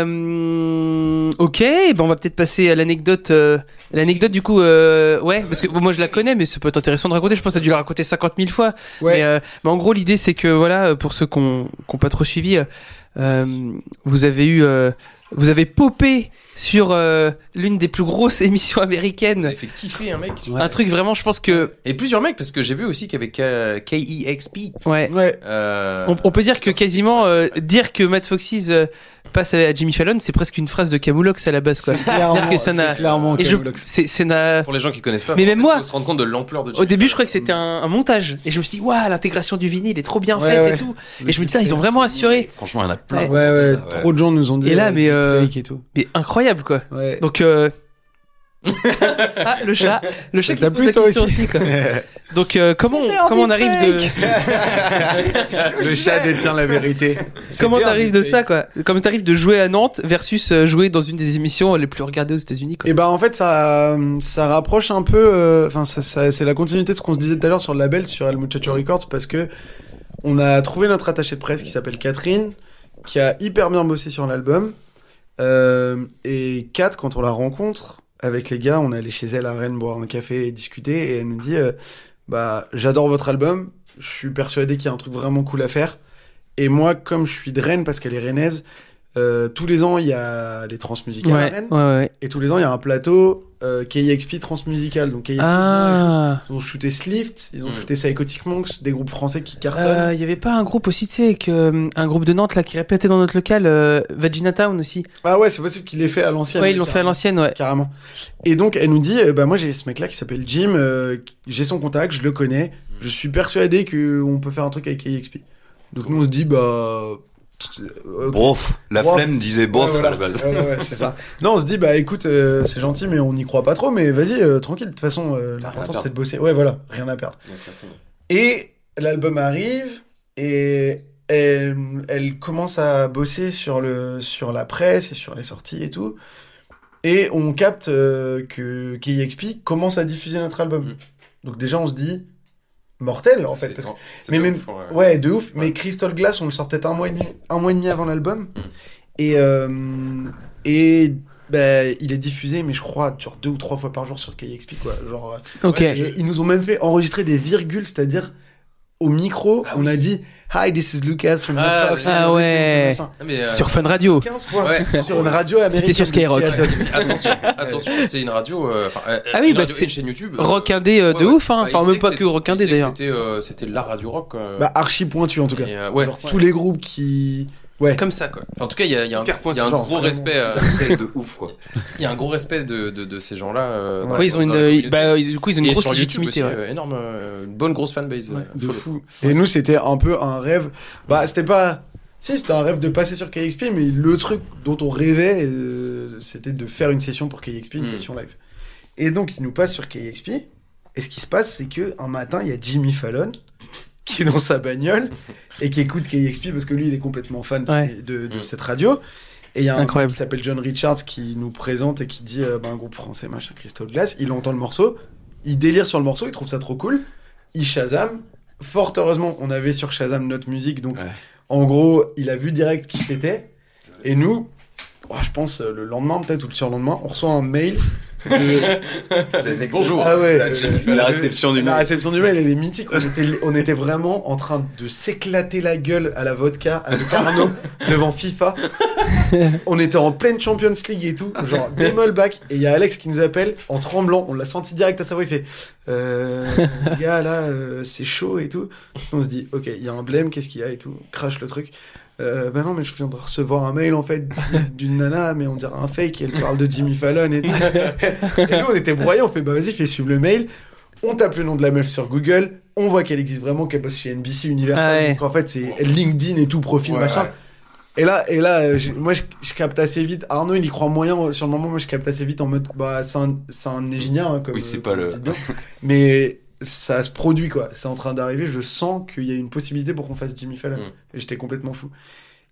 [SPEAKER 1] Euh, ok, ben on va peut-être passer à l'anecdote. euh, l'anecdote du coup, euh, ouais, parce que moi je la connais, mais ça peut être intéressant de raconter. Je pense que t'as dû la raconter 50 000 fois.
[SPEAKER 4] Ouais.
[SPEAKER 1] Mais, euh, mais en gros, l'idée c'est que voilà, euh, pour ceux qui n'ont pas trop suivi, euh, euh, vous avez eu, euh, vous avez popé sur euh, l'une des plus grosses émissions
[SPEAKER 2] Vous
[SPEAKER 1] américaines.
[SPEAKER 2] avez fait kiffer un mec.
[SPEAKER 1] Un truc vraiment, je pense que
[SPEAKER 2] Et plusieurs mecs, parce que j'ai vu aussi qu'il y avait K- KEXP.
[SPEAKER 1] ouais.
[SPEAKER 4] Ouais.
[SPEAKER 2] euh,
[SPEAKER 1] On, on peut dire que quasiment euh, dire que Matt Foxes euh, passe à Jimmy Fallon, c'est presque une phrase de Camoulox à la base, quoi.
[SPEAKER 4] C'est clairement,
[SPEAKER 1] que ça n'a-
[SPEAKER 4] c'est clairement
[SPEAKER 1] Et je,
[SPEAKER 4] Camoulox.
[SPEAKER 1] c'est, c'est na-
[SPEAKER 2] Pour les gens qui connaissent pas,
[SPEAKER 1] Mais
[SPEAKER 2] en
[SPEAKER 1] même
[SPEAKER 2] fait,
[SPEAKER 1] moi.
[SPEAKER 2] faut se rendre compte de l'ampleur de
[SPEAKER 1] Au début, je croyais que c'était un, un montage, et je me suis dit, waouh, l'intégration du vinyle est trop bien
[SPEAKER 4] Ouais,
[SPEAKER 1] faite et
[SPEAKER 4] ouais.
[SPEAKER 1] tout. Et je me dis, Tain, ils ont vraiment assuré.
[SPEAKER 3] Franchement, il y en a plein.
[SPEAKER 1] Ouais.
[SPEAKER 4] Ouais, ouais,
[SPEAKER 3] Ouais.
[SPEAKER 4] trop de gens nous ont dit.
[SPEAKER 1] Et là,
[SPEAKER 4] euh,
[SPEAKER 1] mais, euh,
[SPEAKER 4] deepfake et tout.
[SPEAKER 1] Mais incroyable, quoi.
[SPEAKER 4] Ouais.
[SPEAKER 1] Donc, euh... ah, le chat, le chat
[SPEAKER 4] Ça
[SPEAKER 1] qui
[SPEAKER 4] t'a
[SPEAKER 1] pose
[SPEAKER 4] plu,
[SPEAKER 1] la
[SPEAKER 4] toi
[SPEAKER 1] question
[SPEAKER 4] aussi.
[SPEAKER 1] aussi, quoi. Donc, euh, comment, on- comment on arrive de,
[SPEAKER 4] Le chat détient la vérité.
[SPEAKER 1] comment
[SPEAKER 4] C'était un
[SPEAKER 1] t'arrives de
[SPEAKER 4] deepfake.
[SPEAKER 1] ça, quoi? Comment t'arrives de jouer à Nantes versus euh, jouer dans une des émissions les plus regardées aux États-Unis, quoi.
[SPEAKER 4] Et ben en fait ça ça rapproche un peu euh, enfin ça, ça- c'est la continuité de ce qu'on se disait tout à l'heure sur le label sur El Muchacho Records parce que on a trouvé notre attachée de presse qui s'appelle Catherine qui a hyper bien bossé sur l'album Euh, et Kat quand on la rencontre avec les gars on est allé chez elle à Rennes boire un café et discuter et elle nous dit euh, bah j'adore votre album je suis persuadé qu'il y a un truc vraiment cool à faire et moi comme je suis de Rennes parce qu'elle est rennaise euh, tous les ans il y a les transmusicales à Rennes
[SPEAKER 1] ouais, ouais.
[SPEAKER 4] et tous les ans, il y a un plateau euh, KXP transmusical. Donc KXP,
[SPEAKER 1] Ah.
[SPEAKER 4] ils ont shooté Slift, ils ont
[SPEAKER 2] Mm.
[SPEAKER 4] shooté Psychotic Monks, des groupes français qui cartonnent.
[SPEAKER 1] Euh, Il y avait pas un groupe aussi, tu sais, avec, euh, un groupe de Nantes là qui répétait dans notre local, euh, Vagina Town aussi.
[SPEAKER 4] Ah ouais, c'est possible qu'ils l'aient fait à l'ancienne.
[SPEAKER 1] Ouais, ils l'ont fait à l'ancienne, ouais.
[SPEAKER 4] Carrément. Et donc, elle nous dit, euh, bah moi j'ai ce mec-là qui s'appelle Jim, euh, j'ai son contact, je le connais, je suis persuadé qu'on peut faire un truc avec KXP. Donc nous on se dit, bah... euh, ok.
[SPEAKER 3] Bof, la
[SPEAKER 4] Bof.
[SPEAKER 3] flemme disait bof
[SPEAKER 4] Ouais, voilà.
[SPEAKER 3] à la base.
[SPEAKER 4] Ouais, ouais, ouais, c'est ça. Non, on se dit, bah écoute, euh, c'est gentil, mais on n'y croit pas trop, mais vas-y, euh, tranquille, de toute façon, euh, l'important
[SPEAKER 3] perdre.
[SPEAKER 4] c'était de bosser. Ouais, voilà, rien à perdre. Et l'album arrive et elle, elle commence à bosser sur, le, sur la presse et sur les sorties et tout. Et on capte euh, que KXP commence à diffuser notre album.
[SPEAKER 2] Mm.
[SPEAKER 4] Donc déjà on se dit mortel en fait. parce que- mais même-
[SPEAKER 2] ouais.
[SPEAKER 4] ouais, de ouf. Mais
[SPEAKER 2] Ouais. Mm.
[SPEAKER 4] Crystal Glass, on le sort peut-être un mois et demi, un mois et demi avant l'album. Et euh, et bah, il est diffusé, mais je crois genre deux ou trois fois par jour sur KXP quoi. Genre euh,
[SPEAKER 1] Ok.
[SPEAKER 2] Ouais,
[SPEAKER 4] et ils nous ont même fait enregistrer des virgules, c'est-à-dire au micro, on a dit Hi, this is Lucas from the
[SPEAKER 2] Ah,
[SPEAKER 4] Fox.
[SPEAKER 2] oui.
[SPEAKER 1] Ah
[SPEAKER 4] and
[SPEAKER 1] ouais.
[SPEAKER 4] listening to machin.
[SPEAKER 2] Ah, mais, euh,
[SPEAKER 1] Sur Fun Radio.
[SPEAKER 4] 15 fois
[SPEAKER 2] Ouais.
[SPEAKER 4] sur une radio américaine.
[SPEAKER 1] sur
[SPEAKER 4] de
[SPEAKER 1] Skyrock.
[SPEAKER 4] Seattle.
[SPEAKER 2] attention, attention, c'est une radio. euh, enfin, euh,
[SPEAKER 1] Ah oui,
[SPEAKER 2] une
[SPEAKER 1] bah,
[SPEAKER 2] radio et
[SPEAKER 1] c'est
[SPEAKER 2] une chaîne YouTube. euh,
[SPEAKER 1] Rock indé euh,
[SPEAKER 2] ouais,
[SPEAKER 1] de
[SPEAKER 2] ouais.
[SPEAKER 1] ouf, hein.
[SPEAKER 2] Bah,
[SPEAKER 1] Enfin, même
[SPEAKER 2] il disait
[SPEAKER 1] pas
[SPEAKER 2] que
[SPEAKER 1] que Rock
[SPEAKER 2] c'était-
[SPEAKER 1] indé
[SPEAKER 2] il disait que
[SPEAKER 1] d'ailleurs.
[SPEAKER 2] C'était euh, c'était la radio rock. euh,
[SPEAKER 4] Bah, archi pointu en tout cas.
[SPEAKER 2] et, euh, ouais.
[SPEAKER 4] Genre, tous les groupes qui. Ouais.
[SPEAKER 1] Comme ça, quoi.
[SPEAKER 2] En tout cas, il y a, il y a un,
[SPEAKER 1] Hyper
[SPEAKER 2] il y a un
[SPEAKER 4] genre,
[SPEAKER 2] gros
[SPEAKER 4] vraiment.
[SPEAKER 2] respect. euh,
[SPEAKER 3] C'est de ouf, quoi.
[SPEAKER 2] Il y a un gros respect de, de, de ces gens-là. euh, dans
[SPEAKER 1] Ouais,
[SPEAKER 2] la-
[SPEAKER 1] ils ont une,
[SPEAKER 2] dans la
[SPEAKER 1] euh,
[SPEAKER 2] communauté.
[SPEAKER 1] bah, ils- du coup, ils ont une
[SPEAKER 2] Et
[SPEAKER 1] grosse
[SPEAKER 2] sur YouTube aussi,
[SPEAKER 1] légitimité. ouais.
[SPEAKER 2] euh, énorme, euh, une bonne grosse fanbase.
[SPEAKER 1] Ouais,
[SPEAKER 2] euh,
[SPEAKER 4] de
[SPEAKER 2] folle.
[SPEAKER 4] fou. Et nous, c'était un peu un rêve. Bah, c'était pas. Si, c'était un rêve de passer sur KXP, mais le truc dont on rêvait, euh, c'était de faire une session pour KXP,
[SPEAKER 1] Hmm.
[SPEAKER 4] une
[SPEAKER 2] Mm.
[SPEAKER 4] session live. Et donc, il nous passe sur KXP. Et ce qui se passe, c'est que un matin, il y a Jimmy Fallon qui est dans sa bagnole et qui écoute KXP parce que lui, il est complètement fan
[SPEAKER 1] Ouais. Hmm.
[SPEAKER 4] de, de
[SPEAKER 2] Mm.
[SPEAKER 4] cette radio. Et il y a un
[SPEAKER 1] Incroyable.
[SPEAKER 4] mec qui s'appelle John Richards qui nous présente et qui dit euh, bah, un groupe français, machin, Crystal Glass. Il entend le morceau, il délire sur le morceau, il trouve ça trop cool. Il Shazam. Fort heureusement, on avait sur Shazam notre musique, donc
[SPEAKER 3] Ouais.
[SPEAKER 4] en gros, il a vu direct qui c'était. Et nous, oh, je pense euh, le lendemain peut-être ou le surlendemain, on reçoit un mail.
[SPEAKER 3] Bonjour.
[SPEAKER 4] Ah ouais,
[SPEAKER 3] la,
[SPEAKER 4] euh,
[SPEAKER 3] la réception du
[SPEAKER 4] La
[SPEAKER 3] mail.
[SPEAKER 4] réception du mail, elle est mythique. On était, on était vraiment en train de s'éclater la gueule à la vodka avec Arnaud devant FIFA. On était en pleine Champions League et tout, genre des back. Et il y a Alex qui nous appelle en tremblant. On l'a senti direct à sa voix. Il fait euh, les gars, là, euh, c'est chaud et tout. On se dit, ok, il y a un blème, qu'est-ce qu'il y a et tout. Crash le truc. Euh, ben non, mais je viens de recevoir un mail en fait d'une nana, mais on dirait un fake. Elle parle de Jimmy Fallon et tout. Et nous, on était broyés, on fait bah vas-y, fais suivre le mail. On tape le nom de la meuf sur Google, on voit qu'elle existe vraiment, qu'elle bosse chez NBC Universal.
[SPEAKER 1] Ah ouais.
[SPEAKER 4] Donc en fait, c'est LinkedIn et tout, profil,
[SPEAKER 2] Ouais,
[SPEAKER 4] machin.
[SPEAKER 2] ouais.
[SPEAKER 4] Et là, et là euh, j'ai- moi, je, je capte assez vite. Arnaud, il y croit moyen euh, sur le moment. Moi, je capte assez vite en mode bah, c'est un, c'est un ingénieur. hein, comme,
[SPEAKER 3] Oui, c'est
[SPEAKER 4] euh,
[SPEAKER 3] pas
[SPEAKER 4] comme
[SPEAKER 3] le-
[SPEAKER 4] vous dites bien. Mais ça se produit, quoi. C'est en train d'arriver. Je sens qu'il y a une possibilité pour qu'on fasse Jimmy Fallon.
[SPEAKER 2] Mm.
[SPEAKER 4] Et j'étais complètement fou.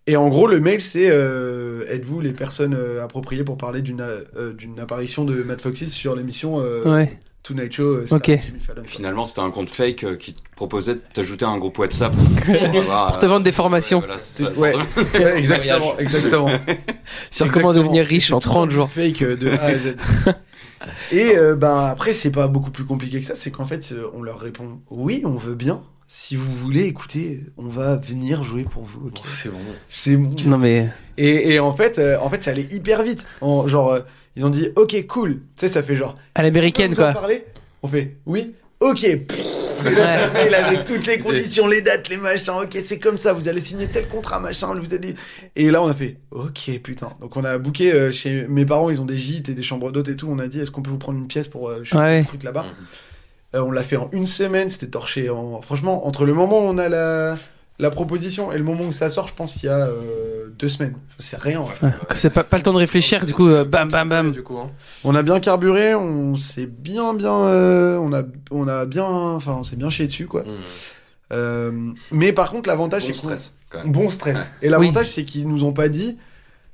[SPEAKER 4] Et en gros, le mail, c'est euh, êtes-vous les personnes euh, appropriées pour parler d'une euh, d'une apparition de Matt Foxy sur l'émission euh,
[SPEAKER 1] Ouais.
[SPEAKER 6] Tonight Show, euh, c'était
[SPEAKER 1] Ok.
[SPEAKER 6] avec Jimmy Fallon.
[SPEAKER 3] Finalement, c'était un compte fake euh, qui te proposait de t'ajouter un groupe WhatsApp pour, avoir,
[SPEAKER 1] Pour te
[SPEAKER 3] euh,
[SPEAKER 1] vendre des formations
[SPEAKER 3] ouais, voilà, c'est ça.
[SPEAKER 6] Ouais, Ouais, exactement, exactement.
[SPEAKER 1] sur comment
[SPEAKER 6] Exactement.
[SPEAKER 1] devenir riche
[SPEAKER 6] C'est
[SPEAKER 1] en
[SPEAKER 6] tout
[SPEAKER 1] 30 jours.
[SPEAKER 6] Fake euh, de A à Z.
[SPEAKER 4] Et euh, ben après, c'est pas beaucoup plus compliqué que ça. C'est qu'en fait, euh, on leur répond oui, on veut bien. Si vous voulez, écoutez, on va venir jouer pour vous. ok
[SPEAKER 2] C'est bon.
[SPEAKER 4] C'est bon.
[SPEAKER 1] Non mais
[SPEAKER 4] Et, et en fait, euh, en fait, ça allait hyper vite. En, genre, euh, ils ont dit ok, cool. Tu sais, ça fait genre.
[SPEAKER 1] à l'américaine
[SPEAKER 4] Vous en
[SPEAKER 1] quoi.
[SPEAKER 4] parlez On fait oui. Ok. Pfff. Il avait toutes les conditions, les dates, les machins. Ok, c'est comme ça. Vous allez signer tel contrat, machin. Vous allez. Et là, on a fait ok, putain. Donc on a booké euh, chez mes parents. Ils ont des gîtes et des chambres d'hôtes et tout. On a dit est-ce qu'on peut vous prendre une pièce pour euh,
[SPEAKER 1] Ouais.
[SPEAKER 4] un truc là-bas. Euh, on l'a fait en une semaine. C'était torché. En... Franchement, entre le moment où on a la la proposition et le moment où ça sort, je pense qu'il y a euh, deux semaines. Enfin, c'est rien. en fait.
[SPEAKER 1] C'est pas, pas le temps de réfléchir du coup euh, bam bam bam.
[SPEAKER 2] Du coup, hein.
[SPEAKER 4] On a bien carburé. On s'est bien, bien. euh, on a, on a bien. Enfin, on s'est bien chié dessus, quoi.
[SPEAKER 2] Mm.
[SPEAKER 4] Euh, mais par contre, l'avantage,
[SPEAKER 3] Bon
[SPEAKER 4] c'est qu'on-
[SPEAKER 3] stress, quand même.
[SPEAKER 4] Bon stress. Et l'avantage, c'est qu'ils nous ont pas dit.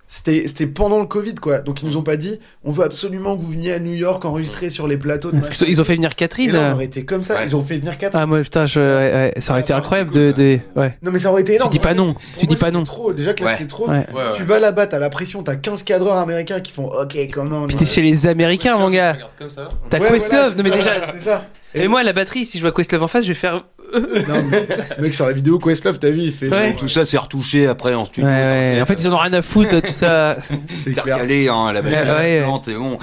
[SPEAKER 4] C'était c'était pendant le Covid, quoi. Donc, ils nous ont pas dit on veut absolument que vous veniez à New York enregistrer sur les plateaux. De
[SPEAKER 1] Parce qu'ils sont- ils ont fait venir
[SPEAKER 4] Et
[SPEAKER 1] Catherine.
[SPEAKER 4] là, on
[SPEAKER 1] euh.
[SPEAKER 4] aurait été comme ça.
[SPEAKER 3] Mm. Ouais.
[SPEAKER 4] Ils ont fait venir quatre.
[SPEAKER 1] Ah moi putain je, ouais, ouais, ça aurait été
[SPEAKER 2] Ah,
[SPEAKER 3] ça,
[SPEAKER 1] incroyable
[SPEAKER 3] c'est
[SPEAKER 1] de,
[SPEAKER 3] cool,
[SPEAKER 1] de
[SPEAKER 2] hein.
[SPEAKER 1] ouais.
[SPEAKER 4] Non, mais ça aurait été
[SPEAKER 1] Tu
[SPEAKER 4] énorme.
[SPEAKER 1] dis pas non.
[SPEAKER 4] Pour
[SPEAKER 1] Tu
[SPEAKER 4] moi,
[SPEAKER 1] dis pas
[SPEAKER 4] c'était
[SPEAKER 1] non.
[SPEAKER 4] trop. Déjà que là,
[SPEAKER 3] Ouais.
[SPEAKER 4] c'était trop.
[SPEAKER 1] Ouais.
[SPEAKER 2] Ouais, ouais.
[SPEAKER 4] Tu vas là-bas, t'as la pression, t'as 15 cadreurs américains qui font Ok, comment
[SPEAKER 1] Puis t'es chez les Américains mon gars.
[SPEAKER 2] Regarde comme ça.
[SPEAKER 1] T'as Questlove. non mais déjà.
[SPEAKER 4] C'est ça.
[SPEAKER 1] Et moi à la batterie si je vois Questlove en face je vais faire
[SPEAKER 6] Non, mais- mec, sur la vidéo Questlove, t'as vu, il fait.
[SPEAKER 1] Ouais.
[SPEAKER 3] Tout ça, c'est retouché après en
[SPEAKER 1] Ouais,
[SPEAKER 3] studio.
[SPEAKER 1] ouais. En fait ils en ont rien à foutre tout ça.
[SPEAKER 6] C'est
[SPEAKER 3] t'es
[SPEAKER 6] clair.
[SPEAKER 3] recalé, hein, la batterie.
[SPEAKER 1] Ouais, ouais.
[SPEAKER 3] Non, t'es bon.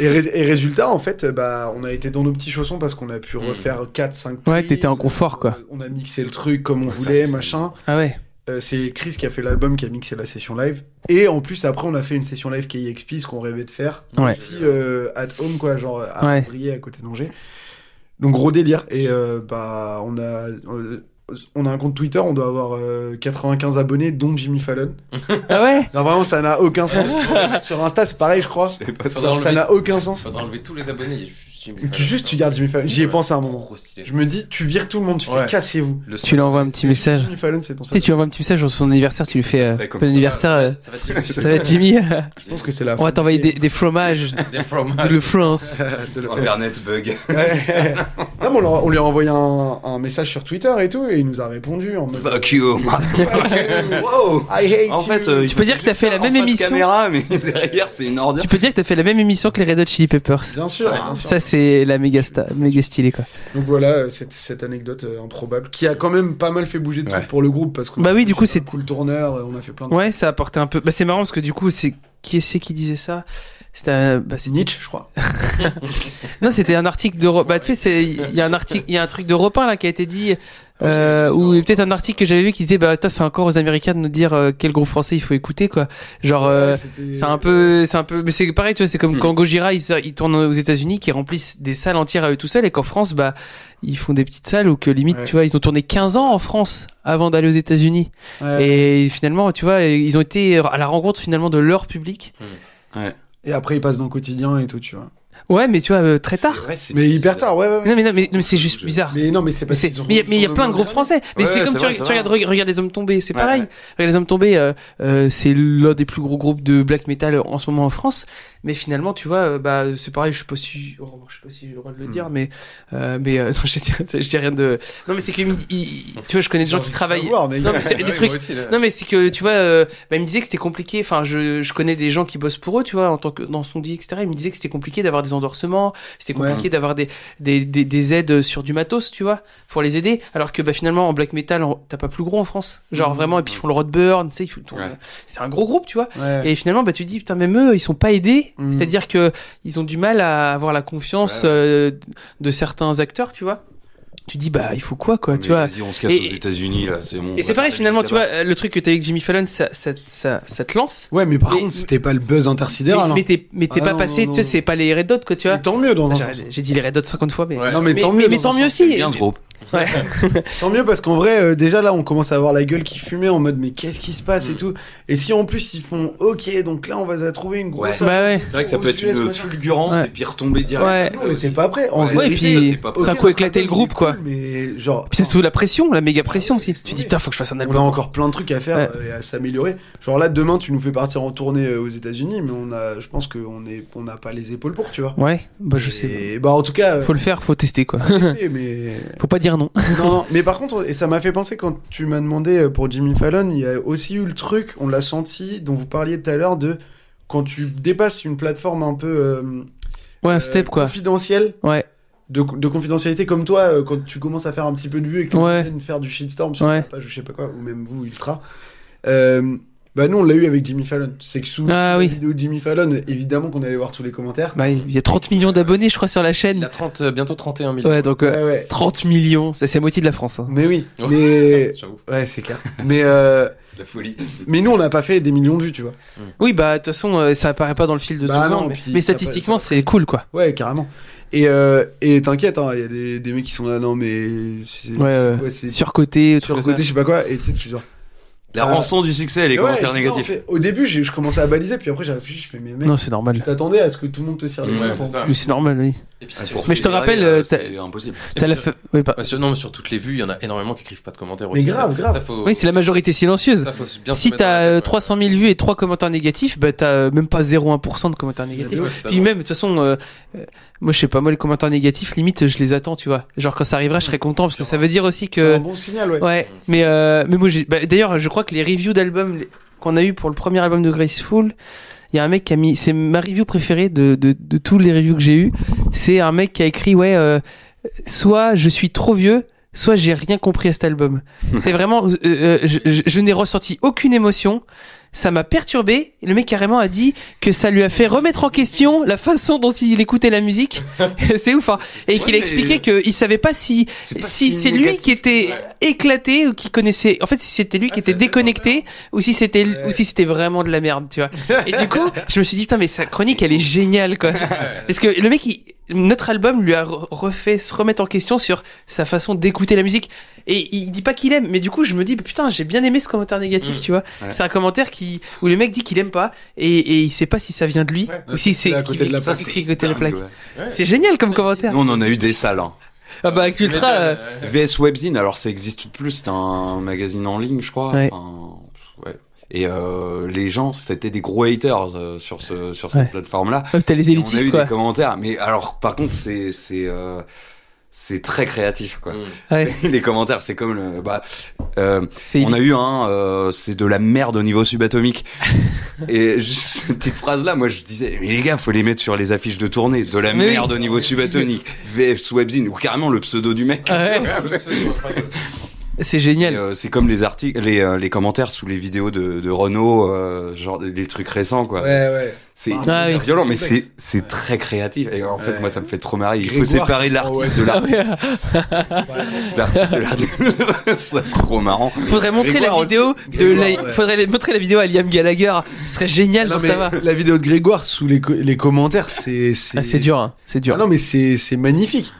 [SPEAKER 4] Et, rés- et résultat, en fait, bah, on a été dans nos petits chaussons parce qu'on a pu
[SPEAKER 2] Mm.
[SPEAKER 4] refaire 4-5
[SPEAKER 1] Ouais, t'étais en confort, quoi.
[SPEAKER 4] Euh, On a mixé le truc comme on
[SPEAKER 3] Ouais, ça,
[SPEAKER 4] voulait,
[SPEAKER 3] c'est-
[SPEAKER 4] machin.
[SPEAKER 1] Ah ouais.
[SPEAKER 4] Euh, c'est Chris qui a fait l'album, qui a mixé la session live. Et en plus, après, on a fait une session live KXP, ce qu'on rêvait de faire.
[SPEAKER 1] Ouais.
[SPEAKER 4] Ici, euh, at home, quoi, genre à
[SPEAKER 1] Ouais.
[SPEAKER 4] Briey, à côté d'Angers. Donc, gros délire. Et euh, bah, on a. euh, on a un compte Twitter, on doit avoir euh, 95 abonnés, dont Jimmy Fallon.
[SPEAKER 1] Ah ouais.
[SPEAKER 4] Genre, vraiment, ça n'a aucun sens. Sur Insta, c'est pareil, je crois. Genre, ça n'a aucun sens.
[SPEAKER 2] Faudra enlever tous les abonnés. il y a juste Jimmy
[SPEAKER 4] Tu,
[SPEAKER 2] Fallon.
[SPEAKER 4] juste, tu gardes Jimmy Fallon. J'y ai
[SPEAKER 2] Ouais.
[SPEAKER 4] pensé un moment.
[SPEAKER 2] Trop stylé.
[SPEAKER 4] Je me dis, tu vires tout le monde, tu
[SPEAKER 2] Ouais.
[SPEAKER 4] fais cassez-vous.
[SPEAKER 2] Le
[SPEAKER 1] Tu lui envoies un petit message.
[SPEAKER 4] Jimmy Fallon, c'est ton
[SPEAKER 1] Tu sais,
[SPEAKER 4] seul.
[SPEAKER 1] tu envoies un petit message sur son anniversaire, tu lui fais euh,
[SPEAKER 3] ferait comme
[SPEAKER 1] bon
[SPEAKER 3] ça.
[SPEAKER 1] anniversaire, euh,
[SPEAKER 2] Ça va être
[SPEAKER 1] ça va être Jimmy.
[SPEAKER 4] Je pense que c'est la
[SPEAKER 1] On va
[SPEAKER 4] fin.
[SPEAKER 1] t'envoyer des, des fromages
[SPEAKER 2] Des fromages.
[SPEAKER 1] de le France.
[SPEAKER 3] Internet bug.
[SPEAKER 4] Ouais. non, mais on, leur- on lui a envoyé un, un message sur Twitter et tout, et il nous a répondu en mode.
[SPEAKER 3] Fuck you. wow.
[SPEAKER 4] I hate
[SPEAKER 3] En
[SPEAKER 4] you.
[SPEAKER 3] fait, euh,
[SPEAKER 1] Tu peux dire que t'as fait la
[SPEAKER 3] en
[SPEAKER 1] même
[SPEAKER 3] face
[SPEAKER 1] émission.
[SPEAKER 3] caméra, mais derrière, c'est une ordure.
[SPEAKER 1] Tu peux dire que t'as fait la même émission que les Red Hot Chili Peppers.
[SPEAKER 4] Bien sûr,
[SPEAKER 3] Ça,
[SPEAKER 4] bien sûr.
[SPEAKER 1] Ça c'est la méga sta- méga stylée quoi.
[SPEAKER 4] Donc voilà, euh, cette, cette anecdote euh, improbable qui a quand même pas mal fait bouger de
[SPEAKER 3] Ouais.
[SPEAKER 4] trucs pour le groupe parce que.
[SPEAKER 1] Bah oui, du coup,
[SPEAKER 4] c'est.
[SPEAKER 1] c'est-
[SPEAKER 4] Cool tourneur, euh, on a fait plein de.
[SPEAKER 1] Ouais, ça apportait un peu. Bah c'est marrant parce que du coup c'est qui c'est qui disait ça C'était un- bah, c'est-
[SPEAKER 4] C'est Nietzsche, je crois.
[SPEAKER 1] non c'était un article de Ro- bah tu sais c'est il y a un article il y a un truc de Repin là qui a été dit euh, ou peut-être un article que j'avais vu qui disait bah putain, c'est encore aux Américains de nous dire euh, quel groupe français il faut écouter quoi genre euh,
[SPEAKER 4] Ouais, Hmm. c'était-
[SPEAKER 1] C'est un peu, c'est un peu, mais c'est pareil, tu vois, c'est comme quand Gojira, ils, ils tournent aux États-Unis, qui remplissent des salles entières à eux tout seuls, et qu'en France, bah, ils font des petites salles ou que limite,
[SPEAKER 4] Ouais.
[SPEAKER 1] tu vois, ils ont tourné 15 ans en France avant d'aller aux États-Unis.
[SPEAKER 4] Ouais.
[SPEAKER 1] Et finalement, tu vois, ils ont été à la rencontre finalement de leur public.
[SPEAKER 4] Et après, il passe dans le quotidien et tout, tu vois.
[SPEAKER 1] Ouais, mais tu vois, euh, très
[SPEAKER 3] C'est
[SPEAKER 1] tard.
[SPEAKER 3] vrai, c'est
[SPEAKER 4] Mais hyper
[SPEAKER 3] bizarre.
[SPEAKER 4] tard, ouais, ouais. ouais.
[SPEAKER 1] Non, mais non, mais, non, mais c'est juste
[SPEAKER 3] Je-
[SPEAKER 1] bizarre.
[SPEAKER 4] Mais non, mais c'est
[SPEAKER 1] Mais
[SPEAKER 4] parce
[SPEAKER 1] c'est-
[SPEAKER 4] qu'ils ont-
[SPEAKER 1] mais il y a-
[SPEAKER 4] ils
[SPEAKER 1] mais il y a
[SPEAKER 4] sont
[SPEAKER 1] plein de groupes
[SPEAKER 4] nombreux.
[SPEAKER 1] français. Mais
[SPEAKER 3] Ouais,
[SPEAKER 1] c'est
[SPEAKER 3] ouais,
[SPEAKER 1] comme
[SPEAKER 3] c'est
[SPEAKER 1] tu,
[SPEAKER 3] vrai,
[SPEAKER 1] tu
[SPEAKER 3] c'est
[SPEAKER 1] regardes,
[SPEAKER 3] vrai.
[SPEAKER 1] reg- regarde les hommes tombés, c'est
[SPEAKER 3] Ouais,
[SPEAKER 1] pareil.
[SPEAKER 3] ouais.
[SPEAKER 1] Regarde les hommes tombés, euh, euh, c'est l'un des plus gros groupes de black metal en ce moment en France. Mais finalement, tu vois, euh, bah c'est pareil. Je sais pas si, oh, je sais pas si j'ai le droit de le
[SPEAKER 3] Hmm.
[SPEAKER 1] dire, mais euh, mais euh, non, je dis, je dis rien de. Non, mais c'est que il- il- tu vois, je connais des gens qui travaillent.
[SPEAKER 4] Savoir, mais-
[SPEAKER 1] Non, mais c'est
[SPEAKER 2] Ouais,
[SPEAKER 1] des
[SPEAKER 2] moi
[SPEAKER 1] trucs.
[SPEAKER 2] aussi, là.
[SPEAKER 1] Non mais c'est que tu vois, euh, bah, il me disait que c'était compliqué. Enfin, je, je connais des gens qui bossent pour eux, tu vois, en tant que dans son dit etc. Il me disait que c'était compliqué d'avoir des endorsements, c'était compliqué d'avoir des, des, des des aides sur du matos, tu vois, pour les aider. Alors que bah finalement en black metal, en- t'as pas plus gros en France, genre vraiment. Et puis ils font le roadburn, tu sais, ils font le tour-
[SPEAKER 3] Mmh. Ouais.
[SPEAKER 1] c'est un gros groupe, tu vois.
[SPEAKER 4] Ouais.
[SPEAKER 1] Et finalement, bah, tu te dis, putain, même eux, ils sont pas aidés.
[SPEAKER 4] Mm.
[SPEAKER 1] C'est-à-dire que ils ont du mal à avoir la confiance
[SPEAKER 3] Mmh. Ouais, ouais.
[SPEAKER 1] euh, de certains acteurs, tu vois. Tu dis, bah, il faut quoi, quoi,
[SPEAKER 3] Mais
[SPEAKER 1] tu vois.
[SPEAKER 3] Vas-y, on se casse
[SPEAKER 1] Et-
[SPEAKER 3] aux États-Unis là, c'est bon.
[SPEAKER 1] Et c'est pareil, finalement, tu vois, euh, le truc que t'as eu avec Jimmy Fallon, ça, ça, ça, ça te lance.
[SPEAKER 6] Ouais, mais par
[SPEAKER 1] Mais-
[SPEAKER 6] contre, c'était pas le buzz
[SPEAKER 1] Mais,
[SPEAKER 6] intersidéral. hein.
[SPEAKER 1] mais t'es, mais t'es
[SPEAKER 6] Ah
[SPEAKER 1] pas
[SPEAKER 6] non,
[SPEAKER 1] passé,
[SPEAKER 6] non,
[SPEAKER 1] tu sais,
[SPEAKER 6] non.
[SPEAKER 1] c'est pas les Red Dot, quoi, tu vois.
[SPEAKER 6] Et tant mieux dans un
[SPEAKER 1] J'ai-
[SPEAKER 6] sens.
[SPEAKER 1] J'ai dit les Red Dot 50 fois, mais.
[SPEAKER 2] Ouais.
[SPEAKER 6] Non, mais
[SPEAKER 1] Mais-
[SPEAKER 6] tant
[SPEAKER 1] mais-
[SPEAKER 6] mieux.
[SPEAKER 1] mais
[SPEAKER 6] dans
[SPEAKER 1] tant
[SPEAKER 6] un
[SPEAKER 1] mieux
[SPEAKER 6] sens.
[SPEAKER 1] aussi.
[SPEAKER 3] bien ce groupe.
[SPEAKER 4] Tant mieux parce qu'en vrai, euh, déjà là, on commence à avoir la gueule qui fumait en mode mais qu'est-ce qui se passe
[SPEAKER 3] Mm.
[SPEAKER 4] et tout. Et si en plus ils font ok, donc là on va se trouver une grosse.
[SPEAKER 1] Bah ouais.
[SPEAKER 3] C'est vrai que ça peut être
[SPEAKER 4] Aux US,
[SPEAKER 3] une
[SPEAKER 4] machin.
[SPEAKER 3] fulgurance
[SPEAKER 4] Ouais.
[SPEAKER 3] et puis retomber
[SPEAKER 1] Ouais.
[SPEAKER 3] direct.
[SPEAKER 4] Nous, on était pas prêts. En
[SPEAKER 3] Ouais,
[SPEAKER 1] Ouais, et
[SPEAKER 4] vérité,
[SPEAKER 3] ça,
[SPEAKER 1] puis
[SPEAKER 3] t'es pas
[SPEAKER 1] ça a
[SPEAKER 4] ok,
[SPEAKER 1] coup
[SPEAKER 4] ce
[SPEAKER 1] éclaté le
[SPEAKER 4] album, il est
[SPEAKER 1] groupe, quoi.
[SPEAKER 4] cool, Mais genre,
[SPEAKER 1] Puis ça se trouve la pression, la méga pression aussi. Tu te dis
[SPEAKER 4] Oui.
[SPEAKER 1] putain, faut que je fasse un
[SPEAKER 4] on a
[SPEAKER 1] album.
[SPEAKER 4] encore plein de trucs à faire euh, et à s'améliorer. Genre là, demain, tu nous fais partir en tournée euh, aux États-Unis, mais on a, je pense qu'on est, on n'a pas les épaules pour, tu vois.
[SPEAKER 1] Ouais, bah je sais.
[SPEAKER 4] Et bah en tout cas, euh,
[SPEAKER 1] Faut le faire, faut tester quoi.
[SPEAKER 4] tester, mais
[SPEAKER 1] Faut pas dire non.
[SPEAKER 4] non, non. Mais par contre, et ça m'a fait penser quand tu m'as demandé euh, pour Jimmy Fallon, il y a aussi eu le truc, on l'a senti, dont vous parliez tout à l'heure de quand tu dépasses une plateforme un peu euh,
[SPEAKER 1] Ouais, un
[SPEAKER 4] euh,
[SPEAKER 1] step quoi.
[SPEAKER 4] confidentielle.
[SPEAKER 1] Ouais.
[SPEAKER 4] De, de confidentialité comme toi euh, quand tu commences à faire un petit peu de vue et que
[SPEAKER 1] Ouais.
[SPEAKER 4] tu viens de faire du shitstorm sur
[SPEAKER 1] Ouais.
[SPEAKER 4] la page ou je sais pas quoi ou même vous ultra euh, bah nous on l'a eu avec Jimmy Fallon c'est que sous
[SPEAKER 1] Ah
[SPEAKER 4] sous
[SPEAKER 1] oui.
[SPEAKER 4] la vidéo de Jimmy Fallon évidemment qu'on allait voir tous les commentaires
[SPEAKER 1] Bah, il y a 30 millions d'abonnés, je crois, sur la
[SPEAKER 2] Il
[SPEAKER 1] chaîne.
[SPEAKER 2] a 30, euh, bientôt 31 000.
[SPEAKER 1] Ouais, donc euh,
[SPEAKER 4] Ouais, ouais.
[SPEAKER 1] 30 millions, ça c'est la moitié de la France. hein.
[SPEAKER 4] mais oui
[SPEAKER 2] Ouais.
[SPEAKER 4] mais
[SPEAKER 2] J'avoue.
[SPEAKER 4] ouais c'est clair mais euh,
[SPEAKER 3] La folie.
[SPEAKER 4] mais nous on n'a pas fait des millions de vues tu vois
[SPEAKER 1] Oui, bah de toute façon, euh, ça apparaît pas dans le fil de
[SPEAKER 4] Bah
[SPEAKER 1] tout le
[SPEAKER 4] non,
[SPEAKER 1] monde. mais-
[SPEAKER 4] puis
[SPEAKER 1] mais
[SPEAKER 4] ça-
[SPEAKER 1] statistiquement, c'est cool quoi.
[SPEAKER 4] Ouais, carrément. Et euh, et t'inquiète, hein, il y a des, des mecs qui sont là, non mais c'est
[SPEAKER 1] Ouais,
[SPEAKER 4] c'est
[SPEAKER 1] ouais.
[SPEAKER 4] quoi, c'est
[SPEAKER 1] Surcoté, truc
[SPEAKER 4] surcoté, je sais pas quoi. Et tu sais, tu dis genre.
[SPEAKER 3] La
[SPEAKER 4] Ah.
[SPEAKER 3] rançon du succès, les
[SPEAKER 4] Ouais,
[SPEAKER 3] commentaires
[SPEAKER 4] non,
[SPEAKER 3] négatifs.
[SPEAKER 4] c'est- Au début, j'ai- je commençais à baliser, puis après j'ai réfléchi, je fais mais mec,
[SPEAKER 1] Non, c'est normal.
[SPEAKER 4] tu t'attendais à ce que tout le monde te serve.
[SPEAKER 2] Ouais,
[SPEAKER 4] Ouais,
[SPEAKER 2] c'est ça.
[SPEAKER 1] Mais c'est normal, oui.
[SPEAKER 2] Et puis,
[SPEAKER 3] Ah,
[SPEAKER 2] sur-
[SPEAKER 3] pour
[SPEAKER 1] Mais je te
[SPEAKER 3] fédérer,
[SPEAKER 1] rappelle,
[SPEAKER 3] euh,
[SPEAKER 1] euh, t'as-
[SPEAKER 3] c'est impossible.
[SPEAKER 1] T'as la fa- oui, pas-
[SPEAKER 2] euh, Ouais, sur- non, mais sur toutes les vues, il y en a énormément qui écrivent pas de commentaires
[SPEAKER 4] Mais
[SPEAKER 2] aussi.
[SPEAKER 4] grave,
[SPEAKER 2] ça,
[SPEAKER 4] grave.
[SPEAKER 2] Ça, faut,
[SPEAKER 1] Oui, c'est la majorité silencieuse.
[SPEAKER 2] ça, faut bien se
[SPEAKER 1] Si
[SPEAKER 2] mettre dans
[SPEAKER 1] t'as
[SPEAKER 2] la tête,
[SPEAKER 1] euh,
[SPEAKER 2] ouais.
[SPEAKER 1] 300 000 vues et 3 commentaires négatifs, bah t'as euh, même pas 0,1% de commentaires négatifs.
[SPEAKER 2] Ouais,
[SPEAKER 1] Puis même, de toute façon, euh, euh, moi je sais pas, moi les commentaires négatifs, limite je les attends, tu vois. Genre quand ça arrivera, je serai content parce que ça veut dire aussi
[SPEAKER 4] C'est un
[SPEAKER 1] que.
[SPEAKER 4] bon signal, ouais.
[SPEAKER 1] Ouais, mais, euh, mais moi j'ai. bah, D'ailleurs, je crois que les reviews d'albums les- qu'on a eu pour le premier album de Graceful, il y a un mec qui a mis. C'est ma review préférée de, de, de tous les reviews que j'ai eu. C'est un mec qui a écrit Ouais, euh, soit je suis trop vieux. Soit j'ai rien compris à cet album. C'est vraiment, euh, euh, je, je- je n'ai ressenti aucune émotion. Ça m'a perturbé. Le mec carrément a dit que ça lui a fait remettre en question la façon dont il écoutait la musique. C'est ouf. hein. Et qu'il a expliqué qu'il savait pas si
[SPEAKER 3] C'est pas
[SPEAKER 1] si
[SPEAKER 3] si
[SPEAKER 1] c'est lui
[SPEAKER 3] négatif.
[SPEAKER 1] qui était éclaté ou qui connaissait en fait si c'était lui qui
[SPEAKER 2] Ah,
[SPEAKER 1] était
[SPEAKER 2] c'est assez
[SPEAKER 1] déconnecté ou si c'était
[SPEAKER 4] Ouais.
[SPEAKER 1] ou si c'était vraiment de la merde tu vois et du coup je me suis dit putain mais sa chronique elle est géniale quoi parce que le mec il- notre album lui a re- refait se remettre en question sur sa façon d'écouter la musique et il dit pas qu'il aime mais du coup je me dis putain j'ai bien aimé ce commentaire négatif
[SPEAKER 2] Mm.
[SPEAKER 1] tu vois
[SPEAKER 3] Ouais.
[SPEAKER 1] c'est un commentaire qui où le mec dit qu'il aime pas et, et il sait pas si ça vient de lui
[SPEAKER 2] Ouais.
[SPEAKER 1] ou si c'est
[SPEAKER 4] à
[SPEAKER 1] qui-
[SPEAKER 4] côté de la
[SPEAKER 1] qui-
[SPEAKER 3] Ça,
[SPEAKER 1] qui-
[SPEAKER 3] c'est
[SPEAKER 1] qui- qui- côté de la plaque
[SPEAKER 3] dingue, ouais.
[SPEAKER 2] Ouais.
[SPEAKER 1] c'est génial comme commentaire
[SPEAKER 3] Nous, on en a eu des sales. hein.
[SPEAKER 1] ah bah avec
[SPEAKER 2] Tu
[SPEAKER 1] Ultra
[SPEAKER 2] m'étonnes,
[SPEAKER 1] euh,
[SPEAKER 2] ouais.
[SPEAKER 3] VS Webzine, alors ça existe plus, c'est un magazine en ligne, je crois.
[SPEAKER 1] Ouais.
[SPEAKER 3] Enfin, ouais. Et euh, les gens, c'était des gros haters euh, sur, ce, sur cette
[SPEAKER 1] Ouais.
[SPEAKER 3] plateforme-là.
[SPEAKER 1] hop, t'as euh, les
[SPEAKER 3] Et On a eu
[SPEAKER 1] élitistes quoi
[SPEAKER 3] des commentaires, mais alors par contre, c'est c'est euh, c'est très créatif quoi.
[SPEAKER 2] Mm.
[SPEAKER 1] Ouais.
[SPEAKER 3] les commentaires, c'est comme le bah euh,
[SPEAKER 1] C'est
[SPEAKER 3] on a eu un euh, c'est de la merde au niveau subatomique. Et juste cette petite phrase là, moi je disais mais les gars, faut les mettre sur les affiches de tournée, de la
[SPEAKER 1] Mais oui.
[SPEAKER 3] merde au niveau subatomique. VF Webzine ou carrément le pseudo du mec.
[SPEAKER 1] Ouais,
[SPEAKER 2] Absolument incroyable.
[SPEAKER 1] c'est
[SPEAKER 3] Et,
[SPEAKER 1] génial.
[SPEAKER 3] euh, c'est comme les articles, les, euh, les commentaires sous les vidéos de, de Renault, euh, genre des, des trucs récents quoi.
[SPEAKER 4] Ouais, ouais.
[SPEAKER 3] C'est
[SPEAKER 1] Ah oui.
[SPEAKER 3] violent, mais
[SPEAKER 4] complexe.
[SPEAKER 3] c'est c'est très créatif. Et en fait,
[SPEAKER 4] Ouais.
[SPEAKER 3] moi, ça me fait trop marrer. Il faut
[SPEAKER 4] Grégoire.
[SPEAKER 3] séparer l'artiste
[SPEAKER 4] Ah ouais.
[SPEAKER 3] de l'artiste. L'artiste de l'artiste. Ce serait trop marrant.
[SPEAKER 1] Faudrait montrer la
[SPEAKER 3] Grégoire
[SPEAKER 1] vidéo de
[SPEAKER 4] Grégoire,
[SPEAKER 1] la...
[SPEAKER 4] ouais.
[SPEAKER 1] faudrait les- montrer la vidéo à Liam Gallagher. Ce serait génial
[SPEAKER 4] Non,
[SPEAKER 1] pour
[SPEAKER 4] mais
[SPEAKER 1] ça va.
[SPEAKER 4] La vidéo de Grégoire sous les, co- les commentaires, c'est. C'est
[SPEAKER 1] Ah, c'est dur, hein. c'est dur.
[SPEAKER 4] Ah non, mais c'est c'est magnifique.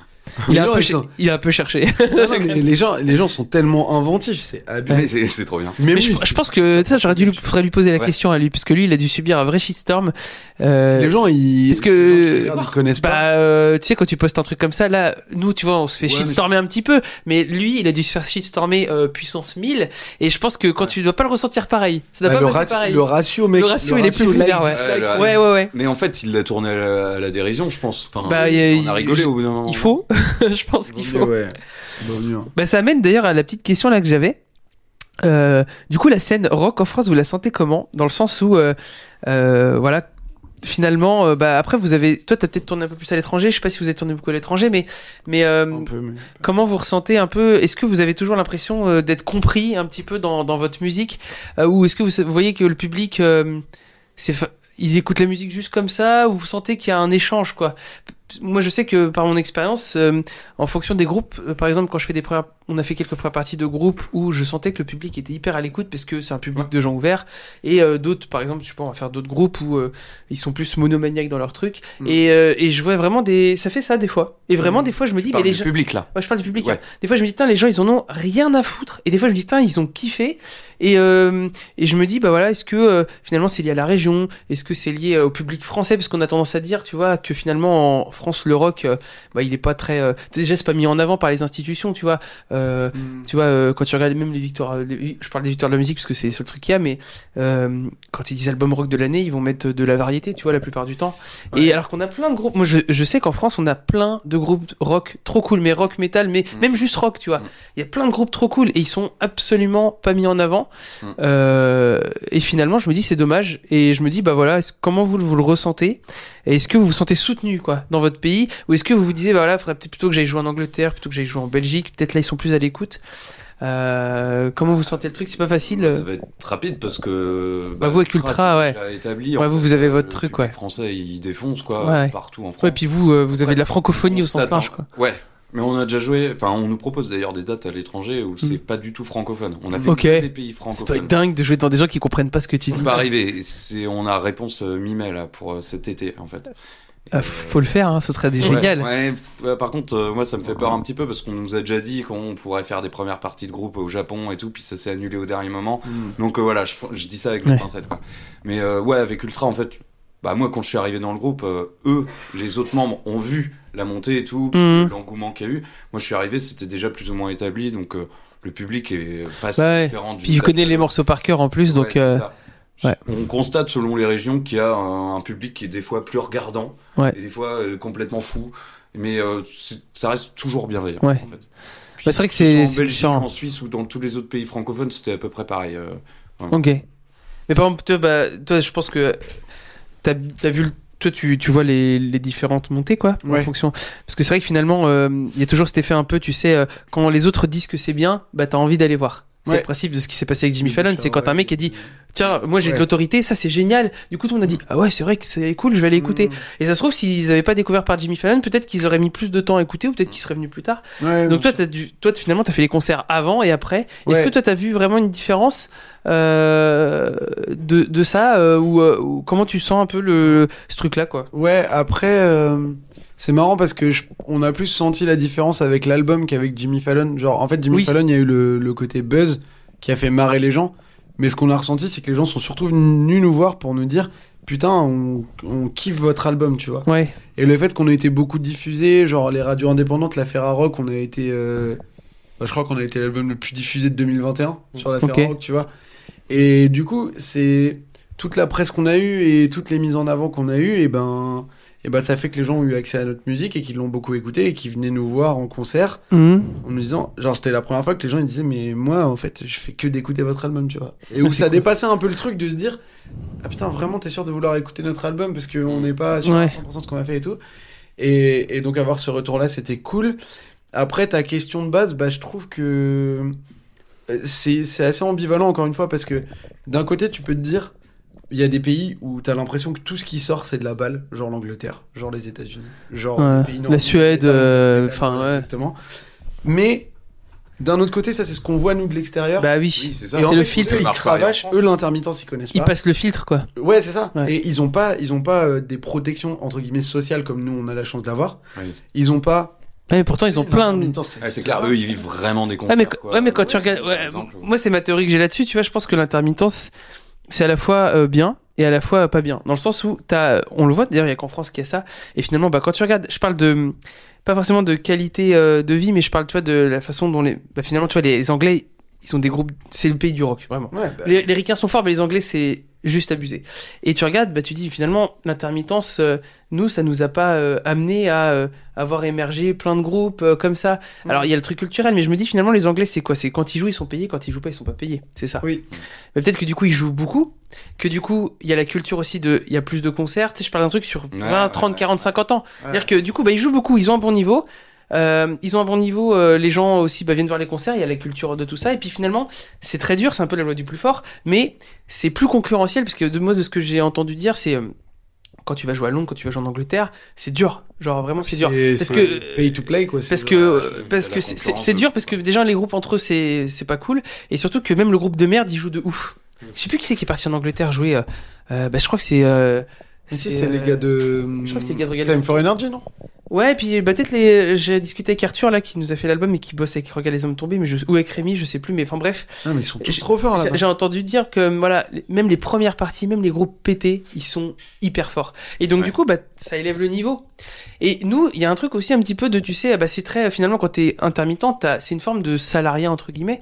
[SPEAKER 1] il, a un
[SPEAKER 4] Les gens,
[SPEAKER 1] peu
[SPEAKER 4] ils
[SPEAKER 1] ch-
[SPEAKER 4] sont-
[SPEAKER 1] il a un peu cherché.
[SPEAKER 4] Non, non, mais les gens, les gens sont tellement inventifs, c'est
[SPEAKER 3] Mais
[SPEAKER 4] abusé.
[SPEAKER 3] c'est c'est trop bien.
[SPEAKER 1] Mais je, je pense que ça, j'aurais dû lui, faudrait lui poser la
[SPEAKER 3] Ouais.
[SPEAKER 1] question à lui, parce que lui, il a dû subir un vrai shitstorm. Euh,
[SPEAKER 4] Si les gens, ils.
[SPEAKER 1] parce que-
[SPEAKER 4] si les gens, ils connaissent pas.
[SPEAKER 1] Bah, euh, tu sais, quand tu postes un truc comme ça, là, nous, tu vois, on se fait
[SPEAKER 4] Ouais, mais
[SPEAKER 1] shitstormer un petit peu, mais lui, il a dû se faire shitstormer euh, puissance 1000, et je pense que quand tu dois pas le ressentir pareil, ça doit pas
[SPEAKER 4] Bah, le,
[SPEAKER 1] passer
[SPEAKER 4] rat-
[SPEAKER 1] pareil.
[SPEAKER 4] le ratio, mec.
[SPEAKER 1] Le ratio, il est plus
[SPEAKER 4] like,
[SPEAKER 1] vulgaire, ouais.
[SPEAKER 4] dislike,
[SPEAKER 3] Ouais, Euh, le-
[SPEAKER 1] Ouais, ouais, ouais.
[SPEAKER 3] Mais en fait, il l'a tourné à la, à la dérision, je pense. Enfin,
[SPEAKER 1] Bah, il y a-
[SPEAKER 3] on a rigolé
[SPEAKER 1] il-
[SPEAKER 3] au bout d'un moment.
[SPEAKER 1] Il faut, je pense qu'il faut.
[SPEAKER 4] Ouais. Bon, mieux, hein.
[SPEAKER 1] Bah, ça amène d'ailleurs à la petite question là que j'avais. Euh, du coup, la scène rock en France, vous la sentez comment Dans le sens où, euh, euh, voilà, finalement, euh, bah, après, vous avez. Toi, t'as peut-être tourné un peu plus à l'étranger, je sais pas si vous avez tourné beaucoup à l'étranger, mais, mais euh,
[SPEAKER 4] Un peu, mais-
[SPEAKER 1] comment vous ressentez un peu Est-ce que vous avez toujours l'impression euh, d'être compris un petit peu dans, dans votre musique Euh, Ou est-ce que vous, vous voyez que le public. euh, c'est fa- Ils écoutent la musique juste comme ça, ou vous sentez qu'il y a un échange, quoi. moi je sais que par mon expérience, euh, en fonction des groupes, euh, par exemple quand je fais des premières, on a fait quelques premières parties de groupes où je sentais que le public était hyper à l'écoute parce que c'est un public de gens ouverts et euh, d'autres, par exemple, je sais pas, on va faire d'autres groupes où euh, ils sont plus monomaniaques dans leur truc
[SPEAKER 4] Mm.
[SPEAKER 1] et, euh, et je vois vraiment des, ça fait ça des fois et vraiment des fois je me dis mais les gens,
[SPEAKER 2] public là.
[SPEAKER 1] Ouais, je parle du public.
[SPEAKER 2] Ouais.
[SPEAKER 1] hein. Des fois, je me dis, putain, les gens, ils en ont rien à foutre. Et des fois, je me dis, putain, ils ont kiffé. Et, euh, et je me dis, bah voilà, est-ce que euh, finalement, c'est lié à la région Est-ce que c'est lié euh, au public français Parce qu'on a tendance à dire, tu vois, que finalement, en France, le rock, euh, bah, il est pas très. euh, déjà, c'est pas mis en avant par les institutions, tu vois. Euh,
[SPEAKER 4] Mm.
[SPEAKER 1] Tu vois, euh, quand tu regardes même les victoires, euh, les- je parle des victoires de la musique parce que c'est le seul truc qu'il y a, mais euh, quand ils disent album rock de l'année, ils vont mettre de la variété, tu vois, la plupart du temps. Et alors qu'on a plein de groupes, moi je, je sais qu'en France, on a plein de groupes rock trop cool, mais rock, metal, mais même juste rock, tu vois. Il y a plein de groupes trop cool et ils sont absolument pas mis en avant.
[SPEAKER 3] Mm.
[SPEAKER 1] Euh, et finalement, je me dis, c'est dommage. Et je me dis, bah voilà, est-ce- comment vous, le- vous le ressentez Et Est-ce que vous vous sentez soutenu, quoi, dans votre pays Ou est-ce que vous vous disiez, bah voilà, faudrait peut-être plutôt que j'aille jouer en Angleterre, plutôt que j'aille jouer en Belgique, peut-être là, ils sont plus à l'écoute euh, comment vous sentez le truc C'est pas facile. euh,
[SPEAKER 3] Ça va être rapide parce que.
[SPEAKER 1] Bah, vous, avec Ultra,
[SPEAKER 3] c'est
[SPEAKER 1] ouais.
[SPEAKER 3] déjà établi.
[SPEAKER 1] Ouais,
[SPEAKER 3] en
[SPEAKER 1] vous,
[SPEAKER 3] fait,
[SPEAKER 1] vous avez
[SPEAKER 3] euh,
[SPEAKER 1] votre
[SPEAKER 3] le
[SPEAKER 1] truc,
[SPEAKER 3] public
[SPEAKER 1] ouais.
[SPEAKER 3] français, il défonce, quoi.
[SPEAKER 1] Ouais.
[SPEAKER 3] Partout en France.
[SPEAKER 1] Ouais, puis vous, euh, vous avez de la francophonie au
[SPEAKER 3] On
[SPEAKER 1] sens
[SPEAKER 3] s'attend-
[SPEAKER 1] large, quoi.
[SPEAKER 3] Ouais. Mais on a déjà joué, enfin, on nous propose d'ailleurs des dates à l'étranger où c'est pas du tout francophone. On a fait
[SPEAKER 1] Hmm. Ok.
[SPEAKER 3] que des pays
[SPEAKER 1] C'est doit
[SPEAKER 3] francophones.
[SPEAKER 1] être dingue de jouer dans des gens qui comprennent pas ce que tu dis.
[SPEAKER 3] C'est pas arrivé. C'est, on a réponse euh, mi-mai là pour euh, cet été en fait.
[SPEAKER 1] Ah, faut le faire, hein, ce serait des-
[SPEAKER 3] Ouais,
[SPEAKER 1] génial.
[SPEAKER 3] ouais, f- euh, par contre, euh, moi, ça me fait peur un petit peu parce qu'on nous a déjà dit qu'on pourrait faire des premières parties de groupe au Japon et tout, puis ça s'est annulé au dernier moment.
[SPEAKER 4] Mm.
[SPEAKER 3] Donc euh, voilà, je, je dis ça avec
[SPEAKER 1] Ouais.
[SPEAKER 3] des pincettes quoi. Mais euh, ouais, avec Ultra en fait, bah moi quand je suis arrivé dans le groupe, euh, eux, les autres membres ont vu la montée et tout,
[SPEAKER 1] Mhm.
[SPEAKER 3] l'engouement qu'il y a eu. Moi, je suis arrivé, c'était déjà plus ou moins établi, donc euh, le public est pas si
[SPEAKER 1] Bah ouais.
[SPEAKER 3] différent.
[SPEAKER 1] Puis tu connais les morceaux par cœur en plus,
[SPEAKER 3] Ouais,
[SPEAKER 1] donc
[SPEAKER 3] c'est
[SPEAKER 1] euh,
[SPEAKER 3] ça.
[SPEAKER 1] ouais.
[SPEAKER 3] On constate selon les régions qu'il y a un, un public qui est des fois plus regardant
[SPEAKER 1] Ouais.
[SPEAKER 3] et des fois euh, complètement fou, mais euh, c'est- ça reste toujours bienveillant.
[SPEAKER 1] Ouais.
[SPEAKER 3] En fait. Puis,
[SPEAKER 1] Bah, c'est vrai que
[SPEAKER 3] ce soit
[SPEAKER 1] c'est
[SPEAKER 3] en
[SPEAKER 1] c'est
[SPEAKER 3] Belgique,
[SPEAKER 1] différent.
[SPEAKER 3] en Suisse ou dans tous les autres pays francophones, c'était à peu près pareil. euh.
[SPEAKER 1] Ok. Mais par exemple, toi, bah, toi je pense que t'as as vu le- Toi, tu, tu vois les, les différentes montées, quoi, en
[SPEAKER 4] Ouais.
[SPEAKER 1] fonction. Parce que c'est vrai que finalement, euh, il y a toujours cet effet un peu, tu sais, euh, quand les autres disent que c'est bien, bah, t'as envie d'aller voir. C'est
[SPEAKER 4] Ouais.
[SPEAKER 1] le principe de ce qui s'est passé avec Jimmy Fallon. C'est quand un mec a dit, tiens, moi j'ai de
[SPEAKER 4] Ouais. Mm.
[SPEAKER 1] l'autorité, ça c'est génial. Du coup, tout le monde a dit, ah ouais, c'est vrai que c'est cool, je vais aller écouter. Et ça se trouve, s'ils avaient pas découvert par Jimmy Fallon, peut-être qu'ils auraient mis plus de temps à écouter ou peut-être qu'ils seraient venus plus tard.
[SPEAKER 4] Mmh. Ouais,
[SPEAKER 1] Donc toi, t'as dû, toi t- finalement, t'as fait les concerts avant et après. Est-ce
[SPEAKER 4] Ouais.
[SPEAKER 1] que toi, t'as vu vraiment une différence euh, de, de ça euh, ou, euh, ou comment tu sens un peu le ce truc-là, quoi
[SPEAKER 4] Ouais, après, euh, c'est marrant parce que je- on a plus senti la différence avec l'album qu'avec Jimmy Fallon. Genre, en fait, Jimmy
[SPEAKER 1] Oui.
[SPEAKER 4] Fallon, il y a eu le, le côté buzz qui a fait marrer les gens. Mais ce qu'on a ressenti, c'est que les gens sont surtout venus nous voir pour nous dire Putain, on, on kiffe votre album, tu vois.
[SPEAKER 1] Ouais.
[SPEAKER 4] Et le fait qu'on ait été beaucoup diffusé, genre les radios indépendantes, la Ferrarock, on a été. euh, bah, je crois qu'on a été l'album le plus diffusé de 2021 sur la
[SPEAKER 1] Ok.
[SPEAKER 4] Ferrarock, tu vois. Et du coup, c'est toute la presse qu'on a eue et toutes les mises en avant qu'on a eues, et ben, et ben ça fait que les gens ont eu accès à notre musique et qu'ils l'ont beaucoup écoutée et qu'ils venaient nous voir en concert
[SPEAKER 1] Mmh.
[SPEAKER 4] en nous disant, genre c'était la première fois que les gens ils disaient mais moi en fait je fais que d'écouter votre album tu vois et où
[SPEAKER 1] c'est
[SPEAKER 4] ça
[SPEAKER 1] cool.
[SPEAKER 4] dépassait un peu le truc de se dire ah putain vraiment t'es sûr de vouloir écouter notre album parce qu'on n'est pas sûr
[SPEAKER 1] Ouais.
[SPEAKER 4] à 100% de ce qu'on a fait et tout et, et donc avoir ce retour là c'était cool après ta question de base bah je trouve que euh, c'est c'est assez ambivalent encore une fois parce que d'un côté tu peux te dire il y a des pays où t'as l'impression que tout ce qui sort c'est de la balle genre l'Angleterre genre les États-Unis genre
[SPEAKER 1] Ouais.
[SPEAKER 4] les pays
[SPEAKER 1] La
[SPEAKER 4] nordiques,
[SPEAKER 1] Suède,
[SPEAKER 4] les Allemands,
[SPEAKER 1] euh,
[SPEAKER 4] les
[SPEAKER 1] enfin,
[SPEAKER 4] Allemands,
[SPEAKER 1] ouais.
[SPEAKER 4] exactement mais d'un autre côté, ça c'est ce qu'on voit nous de l'extérieur.
[SPEAKER 1] Bah oui.
[SPEAKER 3] Oui, c'est ça.
[SPEAKER 4] et en
[SPEAKER 1] c'est
[SPEAKER 4] fait,
[SPEAKER 1] le
[SPEAKER 4] eux,
[SPEAKER 1] filtre,
[SPEAKER 4] Ils
[SPEAKER 3] il marche pas
[SPEAKER 4] cravachent,
[SPEAKER 3] ailleurs.
[SPEAKER 4] eux l'intermittence ils connaissent
[SPEAKER 1] Ils
[SPEAKER 4] pas.
[SPEAKER 1] passent le filtre, quoi.
[SPEAKER 4] Ouais, c'est ça.
[SPEAKER 1] Ouais.
[SPEAKER 4] Et ils ont pas, ils ont pas euh, des protections entre guillemets sociales comme nous on a la chance d'avoir.
[SPEAKER 3] Oui.
[SPEAKER 4] Ils ont pas.
[SPEAKER 1] Ouais, mais pourtant, ils ont plein de
[SPEAKER 4] L'intermittence, ça
[SPEAKER 3] Ouais, c'est
[SPEAKER 4] existe
[SPEAKER 3] clair,
[SPEAKER 4] pas.
[SPEAKER 3] eux, ils vivent vraiment des
[SPEAKER 1] Ouais,
[SPEAKER 3] concerts.
[SPEAKER 1] mais, quand-
[SPEAKER 3] quoi.
[SPEAKER 1] ouais, mais quand tu
[SPEAKER 3] Ouais,
[SPEAKER 1] regardes,
[SPEAKER 3] par
[SPEAKER 1] ouais,
[SPEAKER 3] exemple,
[SPEAKER 1] moi c'est ma théorie que j'ai là-dessus, tu vois, je pense que l'intermittence, c'est à la fois euh, bien et à la fois euh, pas bien. Dans le sens où t'as, euh, on le voit, d'ailleurs, il y a qu'en France qu'il y a ça. Et finalement, bah, quand tu regardes, je parle de, pas forcément de qualité euh, de vie, mais je parle, tu vois, de la façon dont les, bah, finalement, tu vois, les Anglais, ils ont des groupes, c'est le pays du rock, vraiment.
[SPEAKER 4] Ouais, bah,
[SPEAKER 1] Les, les Ricains sont forts, mais les Anglais, c'est juste abusé. Et tu regardes, bah, tu dis finalement, l'intermittence, euh, nous, ça nous a pas euh, amené à euh, avoir émergé plein de groupes euh, comme ça. Alors, il y a le truc culturel, mais je me dis finalement, les Anglais, c'est quoi C'est quand ils jouent, ils sont payés, quand ils jouent pas, ils sont pas payés. C'est ça.
[SPEAKER 4] Oui.
[SPEAKER 1] Mais peut-être que du coup, ils jouent beaucoup, que du coup, il y a la culture aussi de. Il y a plus de concerts. Tu sais, je parle d'un truc sur 20,
[SPEAKER 3] ouais,
[SPEAKER 1] 30,
[SPEAKER 3] ouais.
[SPEAKER 1] 40, 50 ans. C'est-à-dire que du coup, bah, ils jouent beaucoup, ils ont un bon niveau. Euh, ils ont un bon niveau, euh, les gens aussi bah, viennent voir les concerts, il y a la culture de tout ça. Et puis finalement, c'est très dur, c'est un peu la loi du plus fort, mais c'est plus concurrentiel, parce que de moi, de ce que j'ai entendu dire, c'est... euh, quand tu vas jouer à Londres, quand tu vas jouer en Angleterre, c'est dur. Genre vraiment, c'est dur. Parce
[SPEAKER 4] c'est
[SPEAKER 1] que-
[SPEAKER 4] pay to play quoi. c'est-
[SPEAKER 1] Parce
[SPEAKER 3] ouais,
[SPEAKER 1] que
[SPEAKER 3] c'est-
[SPEAKER 1] parce
[SPEAKER 3] t'as
[SPEAKER 1] que
[SPEAKER 3] la
[SPEAKER 1] c'est- c'est
[SPEAKER 3] concurrence
[SPEAKER 1] c'est
[SPEAKER 3] de
[SPEAKER 1] dur
[SPEAKER 3] ouf,
[SPEAKER 1] parce que
[SPEAKER 3] quoi.
[SPEAKER 1] déjà les groupes entre eux c'est c'est pas cool et surtout que même le groupe de merde il joue de ouf. Je sais plus qui c'est qui est parti en Angleterre jouer. euh, euh, bah, je crois que c'est. euh,
[SPEAKER 4] Ici,
[SPEAKER 1] c'est,
[SPEAKER 4] c'est les
[SPEAKER 1] euh,
[SPEAKER 4] gars de.
[SPEAKER 1] je crois que c'est les gars de Regal.
[SPEAKER 4] Time for Energy, non
[SPEAKER 1] Ouais, et puis bah, peut-être les. J'ai discuté avec Arthur là qui nous a fait l'album et qui bosse avec Regarde les hommes tombés, mais je... ou avec Rémi, je sais plus, mais enfin bref,
[SPEAKER 4] Non, mais ils sont tous
[SPEAKER 1] J'ai-
[SPEAKER 4] trop
[SPEAKER 3] Oh,
[SPEAKER 4] forts
[SPEAKER 1] j'ai-
[SPEAKER 4] là-bas.
[SPEAKER 1] j'ai entendu dire que mm, voilà, les- même les premières parties, même les groupes pétés, ils sont hyper forts. Et donc
[SPEAKER 2] Ouais.
[SPEAKER 1] du coup, bah ça élève le niveau. Et nous, il y a un truc aussi un petit peu de, tu sais, bah c'est très finalement quand t'es intermittent, t'as- c'est une forme de salariat entre guillemets.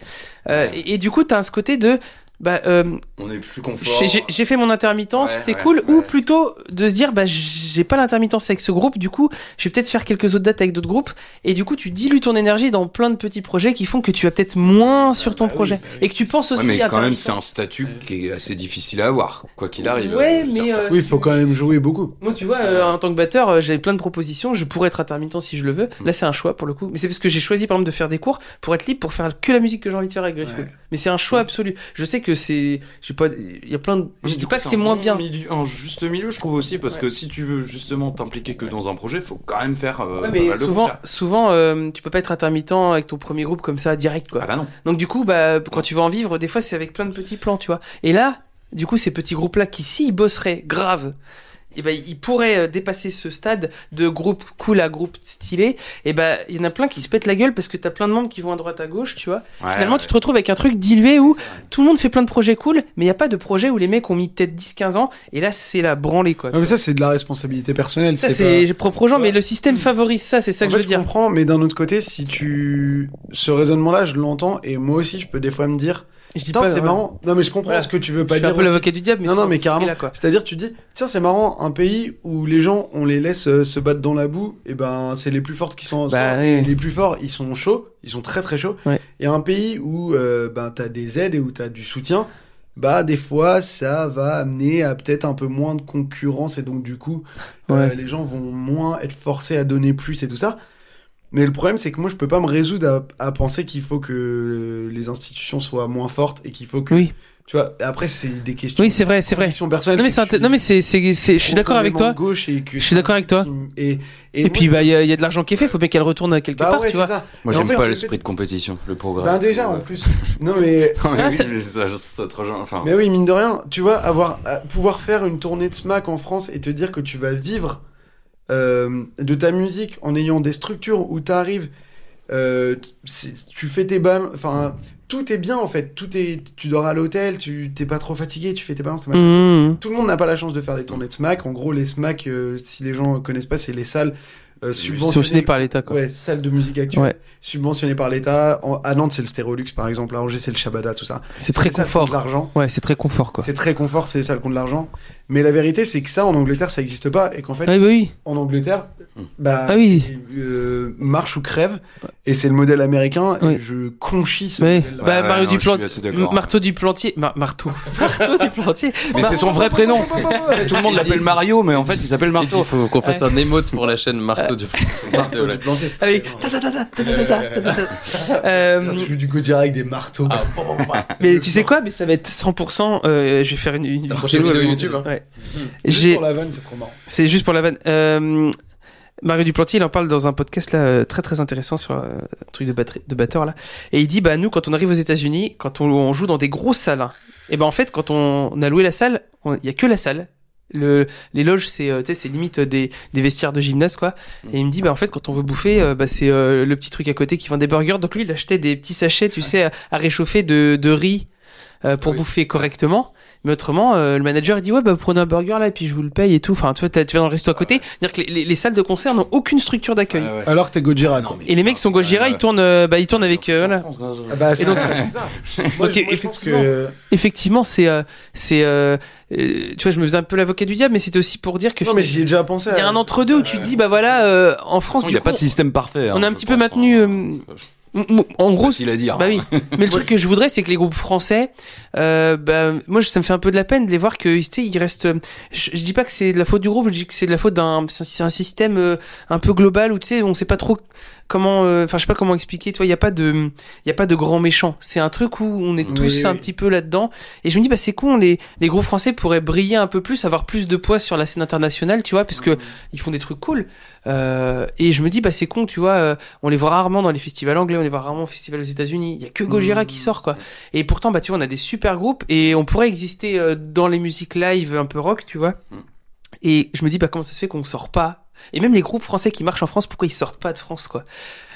[SPEAKER 1] Euh, et, et du coup, t'as ce côté de bah euh,
[SPEAKER 3] On est plus confort.
[SPEAKER 1] j'ai- j'ai j'ai fait mon intermittence,
[SPEAKER 3] Ouais,
[SPEAKER 1] c'est
[SPEAKER 3] ouais,
[SPEAKER 1] cool.
[SPEAKER 3] ouais.
[SPEAKER 1] Ou plutôt de se dire, bah, j'ai pas l'intermittence avec ce groupe, du coup, je vais peut-être faire quelques autres dates avec d'autres groupes. Et du coup, tu dilues ton énergie dans plein de petits projets qui font que tu vas peut-être moins sur ton
[SPEAKER 4] bah oui,
[SPEAKER 1] projet.
[SPEAKER 4] bah
[SPEAKER 1] Et que tu penses
[SPEAKER 3] Ah Ouais,
[SPEAKER 1] aussi
[SPEAKER 3] mais
[SPEAKER 1] à
[SPEAKER 3] quand même, c'est
[SPEAKER 1] l'intermittence.
[SPEAKER 3] un statut qui est assez difficile à avoir, quoi qu'il arrive.
[SPEAKER 1] Ouais,
[SPEAKER 3] Je veux dire,
[SPEAKER 1] mais,
[SPEAKER 3] faire-
[SPEAKER 1] euh,
[SPEAKER 4] Oui, il faut quand même jouer beaucoup.
[SPEAKER 1] Moi, tu vois, euh, en tant que batteur, euh, j'avais plein de propositions. Je pourrais être intermittent si je le veux. Là, c'est un choix pour le coup. Mais c'est parce que j'ai choisi, par exemple, de faire des cours pour être libre, pour faire que la musique que j'ai envie de faire avec Griffoul. Mais c'est un choix absolu. Je sais que c'est, j'ai pas, il y a plein de, je dis pas que c'est moins bien.
[SPEAKER 3] Milieu, un juste milieu, je trouve aussi, parce
[SPEAKER 1] Ouais.
[SPEAKER 3] que si tu veux justement t'impliquer que dans un projet, faut quand même faire euh,
[SPEAKER 1] Ouais,
[SPEAKER 3] pas
[SPEAKER 1] mais
[SPEAKER 3] mal de
[SPEAKER 1] souvent,
[SPEAKER 3] concerts.
[SPEAKER 1] souvent euh, tu peux pas être intermittent avec ton premier groupe comme ça direct quoi.
[SPEAKER 3] Ah bah non.
[SPEAKER 1] Donc du coup, bah quand tu vas en vivre, des fois c'est avec plein de petits plans, tu vois. Et là, du coup, ces petits groupes là qui s'ils bosseraient grave, et ben ils pourraient euh, dépasser ce stade de groupe cool à groupe stylé. Et ben il y en a plein qui se pètent la gueule parce que t'as plein de membres qui vont à droite à gauche, tu vois.
[SPEAKER 3] Ouais,
[SPEAKER 1] Finalement,
[SPEAKER 3] ouais.
[SPEAKER 1] tu te retrouves avec un truc dilué où tout le monde fait plein de projets cool, mais il y a pas de projet où les mecs ont mis peut-être 10-15 ans et là c'est la branlée quoi.
[SPEAKER 4] Non, mais ça, c'est de la responsabilité personnelle.
[SPEAKER 1] ça
[SPEAKER 4] pas-
[SPEAKER 1] Ah, c'est Mm. propre aux gens, mais
[SPEAKER 4] Ouais.
[SPEAKER 1] le système favorise ça, c'est ça
[SPEAKER 4] En
[SPEAKER 1] que
[SPEAKER 4] fait,
[SPEAKER 1] je veux dire.
[SPEAKER 4] comprends, mais d'un autre côté, si tu. Ce raisonnement-là, je l'entends, et moi aussi, je peux des fois me dire.
[SPEAKER 1] Je dis
[SPEAKER 4] Putain,
[SPEAKER 1] pas
[SPEAKER 4] c'est
[SPEAKER 1] ouais.
[SPEAKER 4] marrant. Non, mais je comprends
[SPEAKER 1] Voilà.
[SPEAKER 4] ce que tu veux
[SPEAKER 1] Je
[SPEAKER 4] pas
[SPEAKER 1] suis
[SPEAKER 4] dire.
[SPEAKER 1] un peu
[SPEAKER 4] aussi.
[SPEAKER 1] l'avocat du diable, mais
[SPEAKER 4] Non,
[SPEAKER 1] c'est
[SPEAKER 4] non, mais
[SPEAKER 1] ce qui est
[SPEAKER 4] carrément.
[SPEAKER 1] là, quoi.
[SPEAKER 4] C'est-à-dire, tu dis, tiens, c'est marrant, un pays où les gens, on les laisse euh, se battre dans la boue, et ben, c'est les plus fortes qui sont.
[SPEAKER 1] Bah,
[SPEAKER 4] sont-
[SPEAKER 1] oui.
[SPEAKER 4] Les plus forts, ils sont chauds, ils sont très très chauds.
[SPEAKER 1] Ouais.
[SPEAKER 4] Et un pays où, euh, ben, t'as des aides et où t'as du soutien, bah, des fois, ça va amener à peut-être un peu moins de concurrence, et donc, du coup, euh, les gens vont moins être forcés à donner plus et tout ça. Mais le problème, c'est que moi, je peux pas me résoudre à, à penser qu'il faut que euh, les institutions soient moins fortes et qu'il faut que.
[SPEAKER 1] Oui.
[SPEAKER 4] Tu vois, après, c'est des questions.
[SPEAKER 1] Oui, c'est vrai, c'est vrai.
[SPEAKER 4] Conviction personnelle,
[SPEAKER 1] Non mais,
[SPEAKER 4] c'est
[SPEAKER 1] c'est
[SPEAKER 4] que
[SPEAKER 1] inté- non, mais c'est, c'est- c'est- je suis d'accord avec toi.
[SPEAKER 4] profondément gauche et que
[SPEAKER 1] Je suis d'accord avec toi.
[SPEAKER 4] Et,
[SPEAKER 1] Et,
[SPEAKER 4] moi,
[SPEAKER 1] puis bah il y, a- il y a de l'argent qui est fait, faut bien qu'elle retourne à quelque
[SPEAKER 4] bah
[SPEAKER 1] part,
[SPEAKER 4] ouais,
[SPEAKER 1] tu
[SPEAKER 4] c'est
[SPEAKER 1] vois.
[SPEAKER 4] ça.
[SPEAKER 3] Moi,
[SPEAKER 4] Mais en
[SPEAKER 3] j'aime
[SPEAKER 4] fait,
[SPEAKER 3] pas
[SPEAKER 4] le
[SPEAKER 3] l'esprit
[SPEAKER 4] fait-
[SPEAKER 3] de compétition, le programme.
[SPEAKER 4] Ben déjà en plus. Non mais
[SPEAKER 3] Non,
[SPEAKER 1] Bah,
[SPEAKER 3] mais
[SPEAKER 1] Ah,
[SPEAKER 3] oui,
[SPEAKER 1] c'est-
[SPEAKER 3] mais ça, ça te rejoint. Enfin,
[SPEAKER 4] mais oui mine de rien, tu vois avoir à- pouvoir faire une tournée de Smack en France et te dire que tu vas vivre euh, de ta musique en ayant des structures où tu arrives, tu fais tes balles, enfin tout est bien en fait, tout est, tu dors à l'hôtel, tu t'es pas trop fatigué, tu fais tes balances. tes machins.
[SPEAKER 1] Mmh.
[SPEAKER 4] Tout le monde n'a pas la chance de faire des tournées de SMAC. En gros, les SMAC, euh, si les gens connaissent pas, c'est les salles euh,
[SPEAKER 1] Sauf n'est
[SPEAKER 4] subventionnées
[SPEAKER 1] par l'État quoi.
[SPEAKER 4] Ouais, salle de musique actuelle.
[SPEAKER 1] Ouais.
[SPEAKER 4] Subventionnée par l'État. En- À Nantes, c'est le Stérolux, par exemple. À Angers, c'est le Shabada, tout ça.
[SPEAKER 1] C'est très
[SPEAKER 4] C'est ça,
[SPEAKER 1] confort.
[SPEAKER 4] compte l'argent.
[SPEAKER 1] Ouais, c'est très confort quoi.
[SPEAKER 4] C'est très confort, c'est ça le compte de l'argent. Mais la vérité, c'est que ça, en Angleterre, ça n'existe pas. Et qu'en fait,
[SPEAKER 1] Ah oui, bah oui.
[SPEAKER 4] en Angleterre, bah,
[SPEAKER 1] Ah oui.
[SPEAKER 4] c'est, euh, marche ou crève. Et c'est le modèle américain.
[SPEAKER 1] Ouais.
[SPEAKER 4] Et je conchis ce
[SPEAKER 1] Ouais.
[SPEAKER 4] modèle-là.
[SPEAKER 1] Bah,
[SPEAKER 3] Ouais,
[SPEAKER 1] Mario
[SPEAKER 3] non, je
[SPEAKER 1] Duplantier,
[SPEAKER 3] suis assez d'accord.
[SPEAKER 1] marteau du plantier, Mar- marteau, marteau du plantier.
[SPEAKER 3] Mais c'est son vrai prénom. Tout le monde l'appelle Mario, mais en fait, il s'appelle
[SPEAKER 2] Il dit,
[SPEAKER 3] Marteau.
[SPEAKER 2] faut qu'on fasse un émote pour la chaîne
[SPEAKER 1] Euh,
[SPEAKER 2] Marteau du
[SPEAKER 4] Marteau du plantier, c'est
[SPEAKER 1] Avec
[SPEAKER 4] très
[SPEAKER 1] ta ta ta ta ta ta ta ta ta. Euh,
[SPEAKER 4] marrant. Tu joues du Gojira avec des marteaux.
[SPEAKER 2] Ah,
[SPEAKER 1] Ah. Mais tu sais quoi Mais ça va être 100%. euh, je vais faire une, une
[SPEAKER 2] prochaine vidéo YouTube, hein.
[SPEAKER 1] Ouais.
[SPEAKER 4] Juste
[SPEAKER 1] J'ai-
[SPEAKER 4] pour la vanne, c'est trop marrant.
[SPEAKER 1] C'est juste pour la vanne. Euh, Mario Duplantier, il en parle dans un podcast là, euh, très très intéressant sur euh, un truc de, batterie, de batteur là. Et il dit bah nous quand on arrive aux États-Unis, quand on, on joue dans des grosses salles, hein, et ben en fait quand on a loué la salle, on- il y a que la salle. Le, les loges c'est euh, tu sais, c'est limite des, des vestiaires de gymnase quoi. Et il me dit bah en fait quand on veut bouffer, euh, bah c'est euh, le petit truc à côté qui vend des burgers. Donc lui il achetait des petits sachets tu sais à, à réchauffer de, de riz euh, pour
[SPEAKER 2] Oui.
[SPEAKER 1] bouffer correctement. Mais autrement, euh, le manager il dit ouais bah prenez un burger là et puis je vous le paye et tout. Enfin tu vois t'as- tu vas dans le resto à côté. C'est-à-dire que les, les- les salles de concert n'ont aucune structure d'accueil.
[SPEAKER 4] Alors que t'es Gojira, non,
[SPEAKER 1] Et les mecs sont Gojira, ils tournent, euh, bah ils tournent avec euh, voilà.
[SPEAKER 4] Ah bah, c'est
[SPEAKER 1] donc-
[SPEAKER 4] c'est ça.
[SPEAKER 1] Donc,
[SPEAKER 4] Moi,
[SPEAKER 1] euh,
[SPEAKER 4] je- moi, je pense
[SPEAKER 1] effectivement.
[SPEAKER 4] que euh,
[SPEAKER 1] Effectivement c'est euh, c'est euh, euh, tu vois je me faisais un peu l'avocat du diable mais c'était aussi pour dire que
[SPEAKER 4] non mais j'y ai déjà pensé.
[SPEAKER 1] il y a
[SPEAKER 4] à-
[SPEAKER 1] un entre deux où tu te dis bah voilà euh, en France
[SPEAKER 3] Il n'y
[SPEAKER 1] du
[SPEAKER 3] a
[SPEAKER 1] coup,
[SPEAKER 3] pas de système parfait. hein,
[SPEAKER 1] on a un petit peu maintenu, euh, on- on- en gros
[SPEAKER 3] Facile à dire. hein.
[SPEAKER 1] Bah oui. Mais le truc que je voudrais, c'est que les groupes français, euh, bah, moi, je- ça me fait un peu de la peine de les voir que, tu sais, ils restent. Je, je dis pas que c'est de la faute du groupe, je dis que c'est de la faute d'un. C'est c'est un système euh, un peu global où, tu sais, on sait pas trop comment, euh, enfin, je sais pas comment expliquer. Tu vois, il y a pas de, il y a pas de grand méchant. C'est un truc où on est tous
[SPEAKER 4] Oui,
[SPEAKER 1] un
[SPEAKER 4] oui.
[SPEAKER 1] petit peu là-dedans. Et je me dis, bah, c'est con. Les, les gros français pourraient briller un peu plus, avoir plus de poids sur la scène internationale, tu vois, parce que ils font des trucs cool. Euh, et je me dis, bah, c'est con, tu vois. euh, on les voit rarement dans les festivals anglais, on les voit rarement au festival aux États-Unis. Il y a que Gojira qui sort, quoi. Et pourtant, bah, tu vois, on a des super groupes et on pourrait exister euh, dans les musiques live un peu rock, tu vois.
[SPEAKER 3] Mm.
[SPEAKER 1] Et je me dis, bah, comment ça se fait qu'on sort pas et même les groupes français qui marchent en France, pourquoi ils sortent pas de France, quoi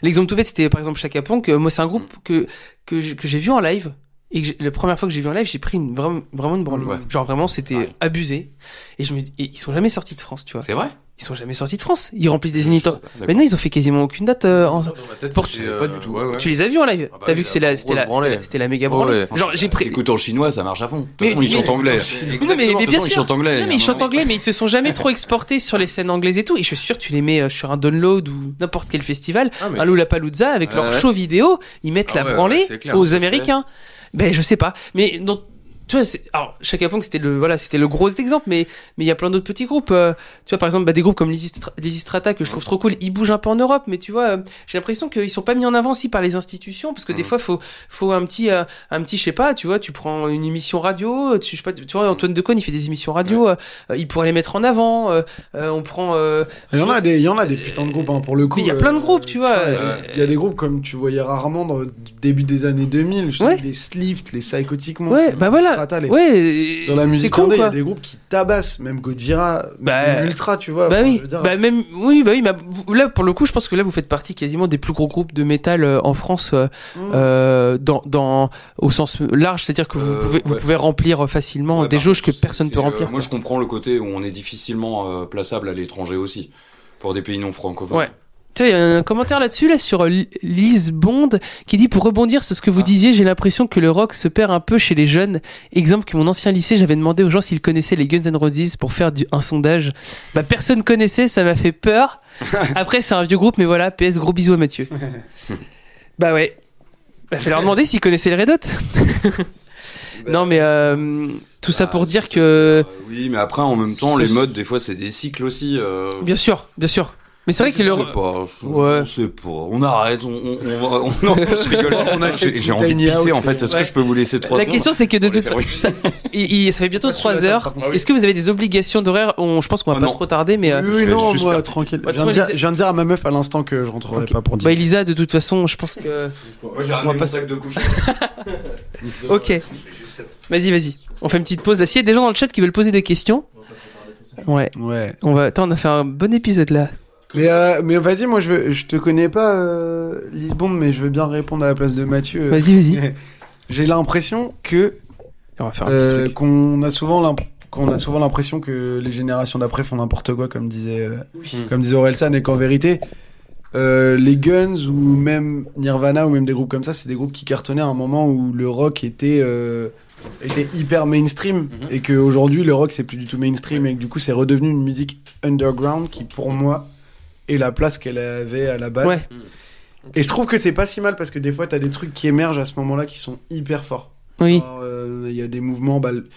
[SPEAKER 1] L'exemple tout bête, c'était par exemple Chaka Ponk. Euh, Moi, c'est un groupe
[SPEAKER 2] Mm.
[SPEAKER 1] que que j'ai que j'ai vu en live. Et que j'ai- la première fois que j'ai vu en live, j'ai pris une, vraiment, vraiment une branlée.
[SPEAKER 3] Ouais.
[SPEAKER 1] Genre vraiment, c'était
[SPEAKER 3] Ouais.
[SPEAKER 1] abusé. Et je me dis, et ils sont jamais sortis de France, tu vois.
[SPEAKER 3] C'est vrai
[SPEAKER 1] Ils sont jamais sortis de France. Ils remplissent des zéniths.
[SPEAKER 3] D'accord.
[SPEAKER 1] Maintenant, ils ont fait quasiment aucune date euh, en,
[SPEAKER 2] Dans ma tête,
[SPEAKER 1] Pour-
[SPEAKER 2] c'était,
[SPEAKER 3] Je savais
[SPEAKER 2] euh,
[SPEAKER 3] pas du tout.
[SPEAKER 2] ouais, ouais.
[SPEAKER 1] tu les as vus en live
[SPEAKER 2] Ah bah
[SPEAKER 1] T'as
[SPEAKER 2] oui,
[SPEAKER 1] vu que c'est
[SPEAKER 2] la
[SPEAKER 1] la, c'était la,
[SPEAKER 2] grosse branlée.
[SPEAKER 1] c'était la- c'était la méga branlée.
[SPEAKER 2] Ouais.
[SPEAKER 1] Genre j'ai pris.
[SPEAKER 3] Écoute, en chinois, ça marche à fond. De toute
[SPEAKER 1] Mais-
[SPEAKER 3] façon, ils
[SPEAKER 1] mais-
[SPEAKER 3] chantent anglais.
[SPEAKER 1] Non mais, mais
[SPEAKER 3] De toute
[SPEAKER 1] bien
[SPEAKER 3] façon, ils
[SPEAKER 1] sûr.
[SPEAKER 3] chantent anglais.
[SPEAKER 1] Non mais ils chantent anglais, mais ils se sont jamais trop exportés sur les scènes anglaises et tout. Et je suis sûr, tu les mets euh, sur un download ou n'importe quel festival,
[SPEAKER 2] Ah, mais-
[SPEAKER 1] un Lollapalooza avec
[SPEAKER 3] Ouais,
[SPEAKER 1] leur
[SPEAKER 3] ouais.
[SPEAKER 1] show vidéo, ils mettent
[SPEAKER 2] Ah
[SPEAKER 1] la
[SPEAKER 2] ouais,
[SPEAKER 1] branlée
[SPEAKER 2] ouais, c'est clair,
[SPEAKER 1] aux
[SPEAKER 2] ça se
[SPEAKER 1] Américains. Ben je sais pas, mais dans tu vois, c'est- alors Chaka Ponk c'était le voilà, c'était le gros exemple, mais mais il y a plein d'autres petits groupes. euh, tu vois par exemple bah, des groupes comme Lizzy Stra- Lizzy Strata que je trouve trop cool, ils bougent un peu en Europe, mais tu vois, euh, j'ai l'impression qu'ils sont pas mis en avant aussi par les institutions parce que des
[SPEAKER 2] Mm.
[SPEAKER 3] Mhm.
[SPEAKER 1] fois faut faut un petit euh, un petit je sais pas, tu vois, tu prends une émission radio, tu je sais pas, tu vois Antoine Decaune il fait des émissions radio, euh, euh, il pourrait les mettre en avant. euh, euh, on prend euh,
[SPEAKER 4] Il y en a des, il y en a des putains de groupes hein, pour le coup.
[SPEAKER 1] Mais il y a plein de groupes, tu vois,
[SPEAKER 4] putain, il y a-
[SPEAKER 1] euh,
[SPEAKER 4] Il y a des groupes comme tu voyais rarement dans le début des années 2000. je te
[SPEAKER 1] Ouais.
[SPEAKER 4] dis, Les Slift, les Psychotic
[SPEAKER 1] Ouais,
[SPEAKER 4] Monks. les
[SPEAKER 1] bah voilà.
[SPEAKER 4] Strata, les-
[SPEAKER 1] ouais
[SPEAKER 4] Dans la
[SPEAKER 1] c'est
[SPEAKER 4] musique
[SPEAKER 1] con,
[SPEAKER 4] indé, il y
[SPEAKER 1] quoi.
[SPEAKER 4] a des groupes qui tabassent, même Gojira,
[SPEAKER 1] Bah,
[SPEAKER 4] même Ultra, tu vois.
[SPEAKER 1] Bah
[SPEAKER 4] enfin,
[SPEAKER 1] oui,
[SPEAKER 4] je veux dire,
[SPEAKER 1] bah même oui, bah oui, bah, vous- là pour le coup, je pense que là vous faites partie quasiment des plus gros groupes de métal euh, en France euh,
[SPEAKER 4] hmm.
[SPEAKER 1] euh, dans dans au sens large, c'est-à-dire que vous
[SPEAKER 3] Euh,
[SPEAKER 1] pouvez vous
[SPEAKER 3] ouais.
[SPEAKER 1] pouvez remplir facilement
[SPEAKER 3] Ouais,
[SPEAKER 1] des
[SPEAKER 3] bah,
[SPEAKER 1] jauges que
[SPEAKER 3] c'est-
[SPEAKER 1] personne
[SPEAKER 3] c'est,
[SPEAKER 1] peut
[SPEAKER 3] euh,
[SPEAKER 1] remplir.
[SPEAKER 3] moi, je comprends le côté où on est difficilement euh, plaçable à l'étranger aussi, pour des pays non francophones.
[SPEAKER 1] Ouais. Tu sais, il y a un commentaire là-dessus, là, sur euh, Li- Lise Bond, qui dit, pour rebondir sur ce que vous
[SPEAKER 3] Ah.
[SPEAKER 1] disiez, j'ai l'impression que le rock se perd un peu chez les jeunes. Exemple que mon ancien lycée, j'avais demandé aux gens s'ils connaissaient les Guns N' Roses pour faire du, un sondage. Bah, personne connaissait, ça m'a fait peur. Après, c'est un vieux groupe, mais voilà, PS, gros bisous à Mathieu. bah ouais. Bah, fallait leur demander s'ils connaissaient les Red Hot. non, mais, euh, tout ça
[SPEAKER 3] Bah,
[SPEAKER 1] pour dire
[SPEAKER 3] c'est-
[SPEAKER 1] que,
[SPEAKER 3] c'est- euh, oui, mais après, en même temps, les
[SPEAKER 1] c'est-
[SPEAKER 3] modes, des fois, c'est des cycles aussi. euh,
[SPEAKER 1] bien sûr, bien sûr. Mais c'est vrai
[SPEAKER 3] je
[SPEAKER 1] que le,
[SPEAKER 3] sais pas, je-
[SPEAKER 1] Ouais.
[SPEAKER 3] On sait pas. On arrête. On, on, on, va- on- on se rigole.
[SPEAKER 4] achète
[SPEAKER 3] J'ai
[SPEAKER 4] une
[SPEAKER 3] j'ai envie de
[SPEAKER 4] tiny
[SPEAKER 3] pisser. En
[SPEAKER 4] house
[SPEAKER 3] fait,
[SPEAKER 4] et-
[SPEAKER 3] est-ce
[SPEAKER 1] Ouais.
[SPEAKER 3] que je peux vous laisser trois
[SPEAKER 1] la
[SPEAKER 3] secondes
[SPEAKER 1] question, c'est que de
[SPEAKER 3] pour les
[SPEAKER 1] toute
[SPEAKER 3] faire- oui.
[SPEAKER 1] Il, il- ça fait bientôt 3 heures.
[SPEAKER 2] contre.
[SPEAKER 1] Est-ce que vous avez des obligations d'horaire On- Je pense qu'on va
[SPEAKER 3] Ah
[SPEAKER 1] pas
[SPEAKER 3] non.
[SPEAKER 1] trop tarder, mais. euh,
[SPEAKER 4] Oui,
[SPEAKER 3] je
[SPEAKER 4] oui,
[SPEAKER 3] vais
[SPEAKER 4] non,
[SPEAKER 3] juste
[SPEAKER 4] moi,
[SPEAKER 3] faire-
[SPEAKER 4] tranquille.
[SPEAKER 1] Bah,
[SPEAKER 4] Je viens, de
[SPEAKER 1] tu vois,
[SPEAKER 4] dire, je viens de dire à ma meuf à l'instant que je rentrerai pas pour dire.
[SPEAKER 1] Bah, Elisa, de toute façon, je pense que.
[SPEAKER 3] Moi, j'ai ramené
[SPEAKER 1] va pas
[SPEAKER 3] mon
[SPEAKER 1] se-
[SPEAKER 3] sac de couche.
[SPEAKER 1] Ok. Vas-y, vas-y. On fait une petite pause là. S'il y a des gens dans le chat qui veulent poser des questions. Ouais,
[SPEAKER 4] Ouais.
[SPEAKER 1] on va. Attends, on a fait un bon épisode là.
[SPEAKER 4] Mais, euh, mais vas-y, moi, je, veux, je te connais pas, euh, Lisbonne, mais je veux bien répondre à la place de Mathieu.
[SPEAKER 1] Vas-y, vas-y.
[SPEAKER 4] J'ai l'impression que
[SPEAKER 1] On va faire un petit
[SPEAKER 4] euh,
[SPEAKER 1] truc.
[SPEAKER 4] qu'on a souvent l'imp- qu'on a souvent l'impression que les générations d'après font n'importe quoi, comme disait, euh,
[SPEAKER 1] Hmm.
[SPEAKER 4] comme disait Orelsan, et qu'en vérité, euh, les Guns ou même Nirvana ou même des groupes comme ça, c'est des groupes qui cartonnaient à un moment où le rock était, euh, était hyper mainstream
[SPEAKER 1] Hmm.
[SPEAKER 4] et qu'aujourd'hui le rock c'est plus du tout mainstream et que du coup c'est redevenu une musique underground qui pour moi est la place qu'elle avait à la base.
[SPEAKER 1] Ouais.
[SPEAKER 4] Et je trouve que c'est pas si mal parce que des fois t'as des trucs qui émergent à ce moment-là qui sont hyper forts.
[SPEAKER 1] Oui.
[SPEAKER 4] Alors, euh, Il y a des mouvements. bah, le-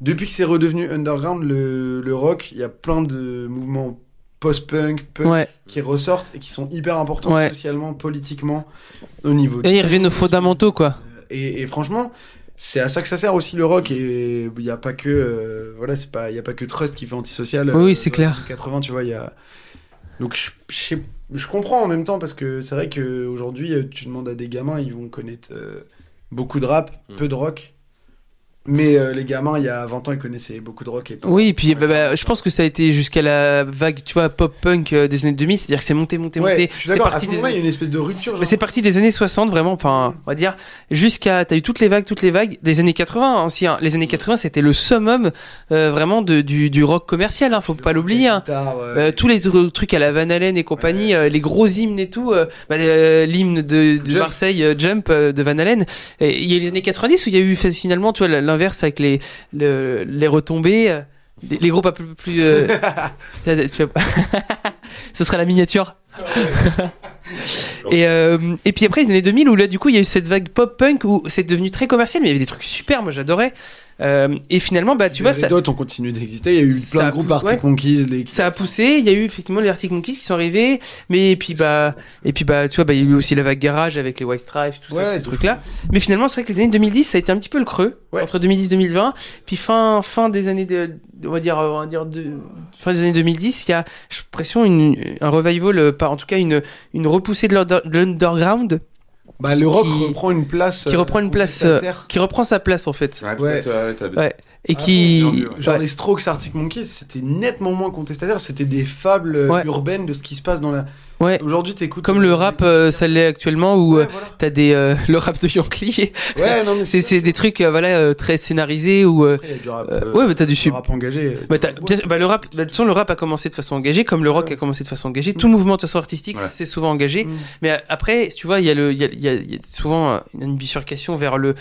[SPEAKER 4] depuis que c'est redevenu underground, le, le rock, il y a plein de mouvements post-punk, punk,
[SPEAKER 1] Ouais.
[SPEAKER 4] qui ressortent et qui sont hyper importants
[SPEAKER 1] Ouais.
[SPEAKER 4] socialement, politiquement, au niveau.
[SPEAKER 1] Et ils reviennent aux fondamentaux, quoi.
[SPEAKER 4] Et, et franchement, c'est à ça que ça sert aussi le rock. Et il n'y a pas que euh, voilà, c'est pas il y a pas que Trust qui fait antisocial.
[SPEAKER 1] Oui, oui,
[SPEAKER 4] euh,
[SPEAKER 1] c'est
[SPEAKER 4] dans les
[SPEAKER 1] clair.
[SPEAKER 4] années 80, tu vois, il y a. Donc je, je sais- je comprends en même temps parce que c'est vrai que aujourd'hui, euh, tu demandes à des gamins, ils vont connaître euh, beaucoup de rap, peu de rock. Mais euh, les gamins, il y a 20 ans, ils connaissaient beaucoup de rock et pas-
[SPEAKER 1] Oui, et puis bah, bah, je pense que ça a été jusqu'à la vague, tu vois, pop-punk euh, des années 2000, c'est-à-dire que c'est monté, monté,
[SPEAKER 4] Ouais,
[SPEAKER 1] monté.
[SPEAKER 4] je suis
[SPEAKER 1] C'est
[SPEAKER 4] d'accord. À ce
[SPEAKER 1] parti des
[SPEAKER 4] moment-là, il y a une espèce de rupture.
[SPEAKER 1] Mais c'est parti des années 60 vraiment, enfin, on va dire jusqu'à t'as eu toutes les vagues, toutes les vagues des années 80 aussi. hein. Les années 80 c'était le summum euh, vraiment de, du, du rock commercial, hein, faut pas l'oublier. hein. Euh, tous les tru- trucs à la Van Halen et compagnie, euh, les gros hymnes et tout, euh, bah, euh, l'hymne de, de
[SPEAKER 4] Jump.
[SPEAKER 1] Marseille, euh, Jump euh, de Van Halen. Et Il y a eu les années 90 où il y a eu fait, finalement, tu vois, l'inverse avec les le- les retombées, euh, les, les groupes un peu plus. euh, là, tu vois, Ce sera la miniature. et, euh, et puis après les années 2000 où là du coup il y a eu cette vague pop punk où c'est devenu très commercial mais il y avait des trucs super moi j'adorais Euh, et finalement, bah, tu vois, ça,
[SPEAKER 4] d'autres ont continué d'exister. Il y a eu
[SPEAKER 1] Ça
[SPEAKER 4] plein
[SPEAKER 1] a
[SPEAKER 4] de groupes,
[SPEAKER 1] poussé,
[SPEAKER 4] Arctic Monkeys, les
[SPEAKER 1] ça a poussé. Il y a eu effectivement les Arctic Monkeys qui sont arrivés, mais et puis bah, et puis bah, tu vois, bah, il y a eu aussi la vague garage avec les White Stripes, tout
[SPEAKER 4] Ouais,
[SPEAKER 1] ça,
[SPEAKER 4] de
[SPEAKER 1] ces trucs-là. Mais finalement, c'est vrai que les années 2010, ça a été un petit peu le creux
[SPEAKER 5] Ouais.
[SPEAKER 1] entre 2010-2020, puis fin fin des années, de, on va dire, euh, on va dire de, fin des années 2010, il y a, j'ai l'impression, une, un revival, euh, par en tout cas une une repoussée de l'under- de l'underground
[SPEAKER 4] Bah, le rock
[SPEAKER 1] qui-
[SPEAKER 4] reprend une place.
[SPEAKER 1] qui
[SPEAKER 4] euh,
[SPEAKER 1] reprend une place, euh,
[SPEAKER 4] contestataire.
[SPEAKER 1] qui reprend sa place en fait.
[SPEAKER 3] Ouais, peut-être, ouais, t'as-
[SPEAKER 1] Ouais. Et qui,
[SPEAKER 3] Ah oui, bien vu, ouais.
[SPEAKER 1] ouais.
[SPEAKER 4] Genre les Strokes, Arctic Monkeys, c'était nettement moins contestataire. C'était des fables euh,
[SPEAKER 1] Ouais.
[SPEAKER 4] urbaines de ce qui se passe dans la.
[SPEAKER 1] Ouais.
[SPEAKER 4] Aujourd'hui, t'écoutes.
[SPEAKER 1] Comme le rap, euh, ça l'est actuellement, où
[SPEAKER 4] Ouais,
[SPEAKER 1] euh, t'as des euh, le rap de Yankee.
[SPEAKER 4] voilà. Ouais, non, mais
[SPEAKER 1] c'est c'est des trucs euh, voilà euh, très scénarisés ou euh,
[SPEAKER 4] Après, il y a du rap.
[SPEAKER 1] euh,
[SPEAKER 4] euh,
[SPEAKER 1] ouais mais t'as du
[SPEAKER 4] du
[SPEAKER 1] sub.
[SPEAKER 4] rap engagé. euh,
[SPEAKER 1] Bah, t'as- bien sûr, bah, le rap, bah, de toute façon, le rap a commencé de façon engagée, comme le rock a commencé de façon engagée. Tout mouvement de façon artistique,
[SPEAKER 3] Ouais.
[SPEAKER 1] c'est souvent engagé.
[SPEAKER 4] Mm.
[SPEAKER 1] Mais euh, après, tu vois, il y a le, il y a, il y a- il y a souvent euh, une bifurcation vers le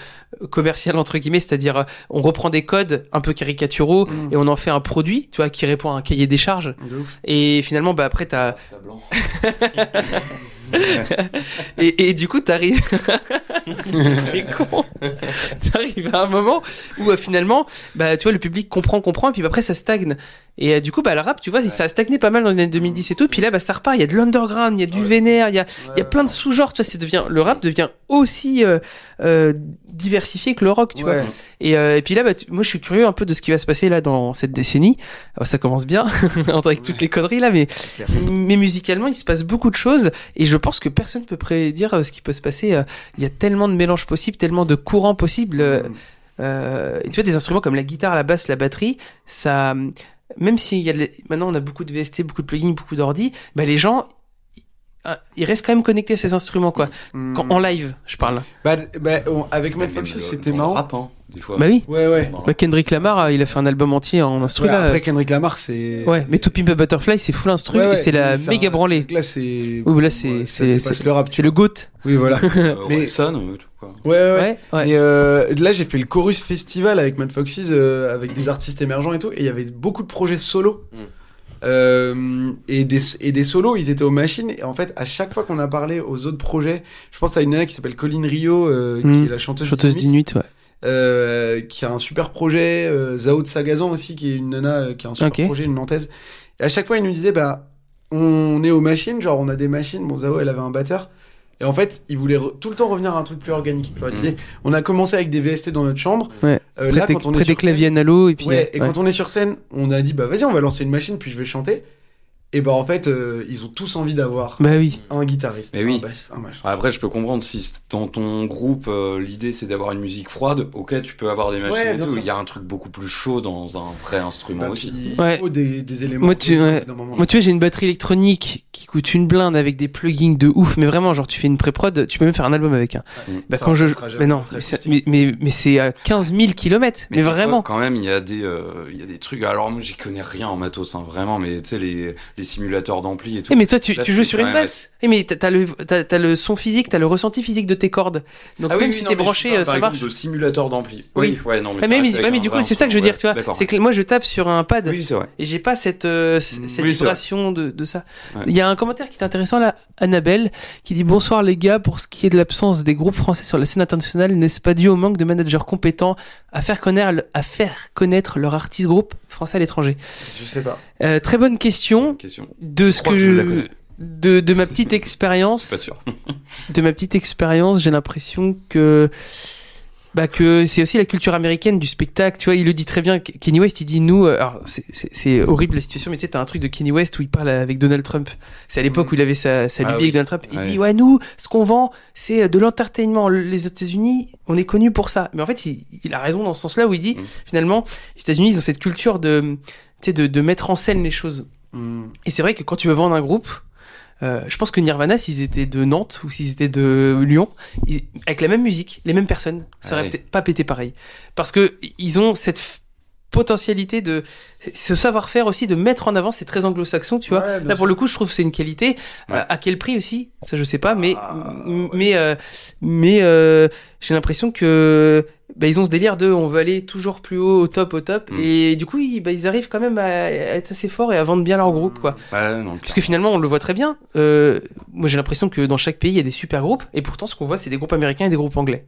[SPEAKER 1] euh, commercial entre guillemets, c'est-à-dire euh, on reprend des codes un peu caricaturaux
[SPEAKER 4] Mm.
[SPEAKER 1] et on en fait un produit, tu vois, qui répond à un cahier des charges.
[SPEAKER 4] De ouf.
[SPEAKER 1] Et finalement, bah après, t'as
[SPEAKER 3] c'est à blanc.
[SPEAKER 1] Et, et du coup, t'arrives. Les cons. T'arrives à un moment où euh, finalement, bah, tu vois, le public comprend, comprend, et puis après, ça stagne. Et euh, du coup, bah, le rap, tu vois, ça a stagné pas mal dans les années 2010 et tout, puis là, bah, ça repart. Il y a de l'underground, il y a du vénère, il y a, il y a plein de sous-genres, tu vois, ça devient, le rap devient aussi euh, euh, diversifié que le rock, tu
[SPEAKER 4] Ouais.
[SPEAKER 1] vois. Et, euh, et puis là, bah, tu- moi, je suis curieux un peu de ce qui va se passer là dans cette décennie. Alors, ça commence bien, entre avec toutes les conneries là, mais, mais musicalement, il se passe beaucoup de choses. Et je pense que personne peut prédire euh, ce qui peut se passer. euh, Il y a tellement de mélanges possibles, tellement de courants possibles. euh,
[SPEAKER 4] Mm.
[SPEAKER 1] euh, et tu vois, des instruments comme la guitare, la basse, la batterie, ça. Même s'il y a de la- maintenant on a beaucoup de VST, beaucoup de plugins, beaucoup d'ordi, bah les gens, ils- ils restent quand même connectés à ces instruments quoi.
[SPEAKER 4] Mm.
[SPEAKER 1] Quand- en live, je parle.
[SPEAKER 4] Bah, bah, on- avec Matt
[SPEAKER 3] Même
[SPEAKER 4] Foxy,
[SPEAKER 3] le-
[SPEAKER 4] c'était
[SPEAKER 3] dans le
[SPEAKER 4] marrant.
[SPEAKER 3] rap, hein, des fois.
[SPEAKER 1] Bah oui.
[SPEAKER 4] Ouais, ouais.
[SPEAKER 1] Bah, Kendrick Lamar, euh, il a fait un album entier en instru
[SPEAKER 4] Ouais,
[SPEAKER 1] là. euh,
[SPEAKER 4] Après Kendrick Lamar, c'est.
[SPEAKER 1] Ouais, mais To Pimp a Butterfly, c'est full instru
[SPEAKER 4] Ouais, ouais,
[SPEAKER 1] et c'est la
[SPEAKER 4] mais un-
[SPEAKER 1] méga branlée.
[SPEAKER 4] c'est- Là, c'est.
[SPEAKER 1] Oui, là, c'est-
[SPEAKER 4] Ouais, ça
[SPEAKER 1] c'est-
[SPEAKER 4] dépasse
[SPEAKER 1] c'est-
[SPEAKER 4] le rap.
[SPEAKER 1] C'est le GOAT.
[SPEAKER 4] Oui, voilà. Ouais,
[SPEAKER 3] Euh,
[SPEAKER 4] Mais-
[SPEAKER 3] Wilson, euh, tout quoi.
[SPEAKER 4] ouais, ouais.
[SPEAKER 1] Ouais, ouais.
[SPEAKER 4] Et euh, là, j'ai fait le chorus festival avec Mad Foxes, euh, avec des artistes émergents et tout, et il y avait beaucoup de projets solo.
[SPEAKER 2] Mm.
[SPEAKER 4] Euh, et, des, et des solos, ils étaient aux machines. Et en fait, à chaque fois qu'on a parlé aux autres projets, je pense à une nana qui s'appelle Colline Rio, euh,
[SPEAKER 1] Mm.
[SPEAKER 4] qui est la chanteuse,
[SPEAKER 1] Chanteuse
[SPEAKER 4] d'Inuit,
[SPEAKER 1] d'Inuit, ouais.
[SPEAKER 4] euh, qui a un super projet. euh, Zao de Sagazan aussi, qui est une nana euh, qui a un super
[SPEAKER 1] Ok.
[SPEAKER 4] projet, une nantaise. Et à chaque fois, il nous disait, bah, on est aux machines, genre on a des machines. Bon, Zao, elle avait un batteur. Et en fait, il voulait re- tout le temps revenir à un truc plus organique. Genre,
[SPEAKER 3] Mm.
[SPEAKER 4] il disait, on a commencé avec des VST dans notre chambre.
[SPEAKER 1] Ouais.
[SPEAKER 4] Euh,
[SPEAKER 1] Près
[SPEAKER 4] là,
[SPEAKER 1] des-
[SPEAKER 4] quand on est
[SPEAKER 1] près des
[SPEAKER 4] sur scène-
[SPEAKER 1] claviers analo et puis. euh,
[SPEAKER 4] Ouais, et
[SPEAKER 1] ouais.
[SPEAKER 4] quand on est sur scène, on a dit, bah vas-y, on va lancer une machine, puis je vais chanter. Et bah en fait, euh, ils ont tous envie d'avoir
[SPEAKER 1] Bah oui.
[SPEAKER 4] un guitariste,
[SPEAKER 3] Mais
[SPEAKER 4] un
[SPEAKER 3] oui.
[SPEAKER 4] bassiste, un machin.
[SPEAKER 3] Après, je peux comprendre si dans ton groupe, euh, l'idée c'est d'avoir une musique froide, ok, tu peux avoir des machines
[SPEAKER 4] Ouais,
[SPEAKER 3] et
[SPEAKER 4] bien
[SPEAKER 3] tout.
[SPEAKER 4] sûr.
[SPEAKER 3] Il y a un truc beaucoup plus chaud dans un vrai instrument
[SPEAKER 4] Bah,
[SPEAKER 3] aussi.
[SPEAKER 4] puis,
[SPEAKER 1] Ouais.
[SPEAKER 4] Il faut des, des éléments.
[SPEAKER 1] Moi, tu- ouais.
[SPEAKER 4] d'un moment.
[SPEAKER 1] Moi, tu vois, j'ai une batterie électronique qui coûte une blinde avec des plugins de ouf, mais vraiment, genre, tu fais une pré-prod, tu peux même faire un album avec. Hein.
[SPEAKER 3] Ouais.
[SPEAKER 1] Bah,
[SPEAKER 4] Ça
[SPEAKER 1] quand je.
[SPEAKER 4] remplacera jamais
[SPEAKER 1] Mais non,
[SPEAKER 4] notre
[SPEAKER 1] mais, c'est- mais,
[SPEAKER 4] acoustique.
[SPEAKER 1] mais, mais c'est à 15 000 km, mais,
[SPEAKER 3] des fois,
[SPEAKER 1] vraiment.
[SPEAKER 3] Quand même, il y, a des, euh, il y a des trucs. Alors, moi, j'y connais rien en matos, hein, vraiment, mais tu sais, les, les simulateurs d'ampli et tout.
[SPEAKER 1] Eh, mais toi, tu,
[SPEAKER 3] Là,
[SPEAKER 1] tu joues
[SPEAKER 3] c'est
[SPEAKER 1] sur
[SPEAKER 3] quand
[SPEAKER 1] une
[SPEAKER 3] même
[SPEAKER 1] basse. Eh, mais t'as- t'as le, t'as- t'as le son physique, t'as le ressenti physique de tes cordes. Donc,
[SPEAKER 3] Ah oui,
[SPEAKER 1] même
[SPEAKER 3] oui,
[SPEAKER 1] si
[SPEAKER 3] non,
[SPEAKER 1] t'es
[SPEAKER 3] mais je
[SPEAKER 1] branché,
[SPEAKER 3] parle,
[SPEAKER 1] euh,
[SPEAKER 3] par
[SPEAKER 1] ça
[SPEAKER 3] exemple,
[SPEAKER 1] marche.
[SPEAKER 3] de simulateur d'ampli.
[SPEAKER 1] Oui.
[SPEAKER 3] ouais, non, mais,
[SPEAKER 1] Ah,
[SPEAKER 3] ça
[SPEAKER 1] mais,
[SPEAKER 3] reste
[SPEAKER 1] mais-
[SPEAKER 3] avec
[SPEAKER 1] ouais, mais
[SPEAKER 3] un
[SPEAKER 1] du
[SPEAKER 3] vrai
[SPEAKER 1] coup, c'est ça que je veux
[SPEAKER 3] instrument,
[SPEAKER 1] dire, tu
[SPEAKER 3] ouais,
[SPEAKER 1] vois.
[SPEAKER 3] d'accord.
[SPEAKER 1] C'est que moi, je tape sur un pad.
[SPEAKER 3] Oui, c'est vrai.
[SPEAKER 1] Et j'ai pas cette, euh, c- cette
[SPEAKER 4] Mm.
[SPEAKER 3] Oui, c'est vrai.
[SPEAKER 1] vibration de, de ça. Il
[SPEAKER 3] Ouais.
[SPEAKER 1] y a un commentaire qui est intéressant là, Annabelle, qui dit Bonsoir les gars, pour ce qui est de l'absence des groupes français sur la scène internationale, n'est-ce pas dû au manque de managers compétents à faire connaître, à faire connaître leur artiste groupe français à l'étranger
[SPEAKER 5] Je sais pas.
[SPEAKER 1] Euh, Très bonne question
[SPEAKER 3] Question.
[SPEAKER 1] de ce
[SPEAKER 3] crois
[SPEAKER 1] que
[SPEAKER 3] que je la
[SPEAKER 1] je.
[SPEAKER 3] connais.
[SPEAKER 1] De, de ma petite
[SPEAKER 3] C'est pas
[SPEAKER 1] expérience,
[SPEAKER 3] sûr.
[SPEAKER 1] de ma petite expérience, j'ai l'impression que bah que c'est aussi la culture américaine du spectacle, tu vois, il le dit très bien. K- Kanye West, il dit nous, euh, alors c'est- c'est c'est horrible la situation, mais tu sais, t'as un truc de Kanye West où il parle avec Donald Trump. C'est à l'époque où il avait sa, sa
[SPEAKER 3] Mhm. Ah
[SPEAKER 1] lubie
[SPEAKER 3] oui.
[SPEAKER 1] avec Donald Trump. Il
[SPEAKER 3] Ouais.
[SPEAKER 1] dit ouais nous, ce qu'on vend, c'est euh, de l'entertainment. Le- Les États-Unis, on est connus pour ça. Mais en fait, il, il a raison dans ce sens-là où il dit
[SPEAKER 3] Mm.
[SPEAKER 1] finalement, les États-Unis, ils ont cette culture de, tu sais, de, de mettre en scène les choses.
[SPEAKER 4] Mm.
[SPEAKER 1] Et c'est vrai que quand tu veux vendre un groupe, euh, je pense que Nirvana, s'ils étaient de Nantes ou s'ils étaient de Lyon, ils- avec la même musique, les mêmes personnes, ça
[SPEAKER 3] Ah
[SPEAKER 1] aurait
[SPEAKER 3] oui.
[SPEAKER 1] peut-être pas pété pareil. Parce que ils ont cette f- potentialité de ce savoir-faire aussi de mettre en avant, c'est très anglo-saxon, tu vois.
[SPEAKER 4] Ouais, bien
[SPEAKER 1] Là, pour
[SPEAKER 4] sûr.
[SPEAKER 1] le coup, je trouve que c'est une qualité.
[SPEAKER 3] Ouais.
[SPEAKER 1] Euh, à quel prix aussi Ça, je sais pas, mais
[SPEAKER 4] Ah,
[SPEAKER 1] m- mais euh, mais euh, j'ai l'impression que bah, ils ont ce délire de on veut aller toujours plus haut, au top, au top,
[SPEAKER 3] Mm.
[SPEAKER 1] et du coup, ils, bah, ils arrivent quand même à, à être assez forts et à vendre bien
[SPEAKER 4] Mm.
[SPEAKER 1] leur groupe, quoi.
[SPEAKER 3] Ouais, non,
[SPEAKER 1] Parce que finalement, on le voit très bien. Euh, moi, j'ai l'impression que dans chaque pays, il y a des super groupes, et pourtant, ce qu'on voit, c'est des groupes américains et des groupes anglais.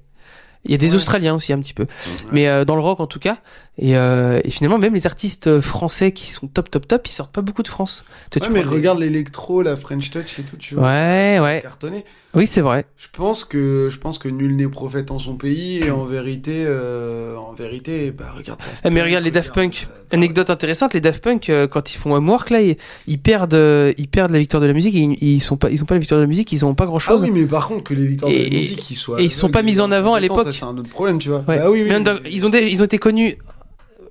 [SPEAKER 1] Il y a des Australiens aussi un petit
[SPEAKER 4] Mm.
[SPEAKER 1] peu, mais euh, dans le rock en tout cas. Et, euh, et finalement, même les artistes euh, français qui sont top, top, top, ils sortent pas beaucoup de France. Toi,
[SPEAKER 4] Ouais,
[SPEAKER 1] tu
[SPEAKER 4] mais
[SPEAKER 1] prends des-
[SPEAKER 4] regarde l'électro, la French Touch et tout, tu vois.
[SPEAKER 1] Ouais, ouais.
[SPEAKER 4] Cartonné.
[SPEAKER 1] Oui, c'est vrai.
[SPEAKER 4] Je pense que je pense que nul n'est prophète en son pays et en vérité, euh, en vérité, bah regarde. Daft
[SPEAKER 1] Eh, mais
[SPEAKER 4] Punk,
[SPEAKER 1] regarde les Daft
[SPEAKER 4] regarde,
[SPEAKER 1] Punk.
[SPEAKER 4] euh, bah,
[SPEAKER 1] Anecdote intéressante, les Daft Punk euh, quand ils font Homework là, ils, ils perdent, euh, ils perdent la victoire de la musique. et Ils, ils sont pas, ils ont pas la victoire de la musique, ils ont pas grand
[SPEAKER 4] Ah
[SPEAKER 1] chose.
[SPEAKER 4] oui, mais par contre que les victoires de
[SPEAKER 1] Et-
[SPEAKER 4] la musique ils soient
[SPEAKER 1] et ils sont pas
[SPEAKER 4] aveugles,
[SPEAKER 1] mis en avant à
[SPEAKER 4] compétents, ça,
[SPEAKER 1] l'époque.
[SPEAKER 4] C'est un autre problème, tu vois.
[SPEAKER 1] Ouais.
[SPEAKER 4] Bah oui, oui.
[SPEAKER 1] Mais Under-
[SPEAKER 4] mais-
[SPEAKER 1] ils, ont des- ils ont été connus,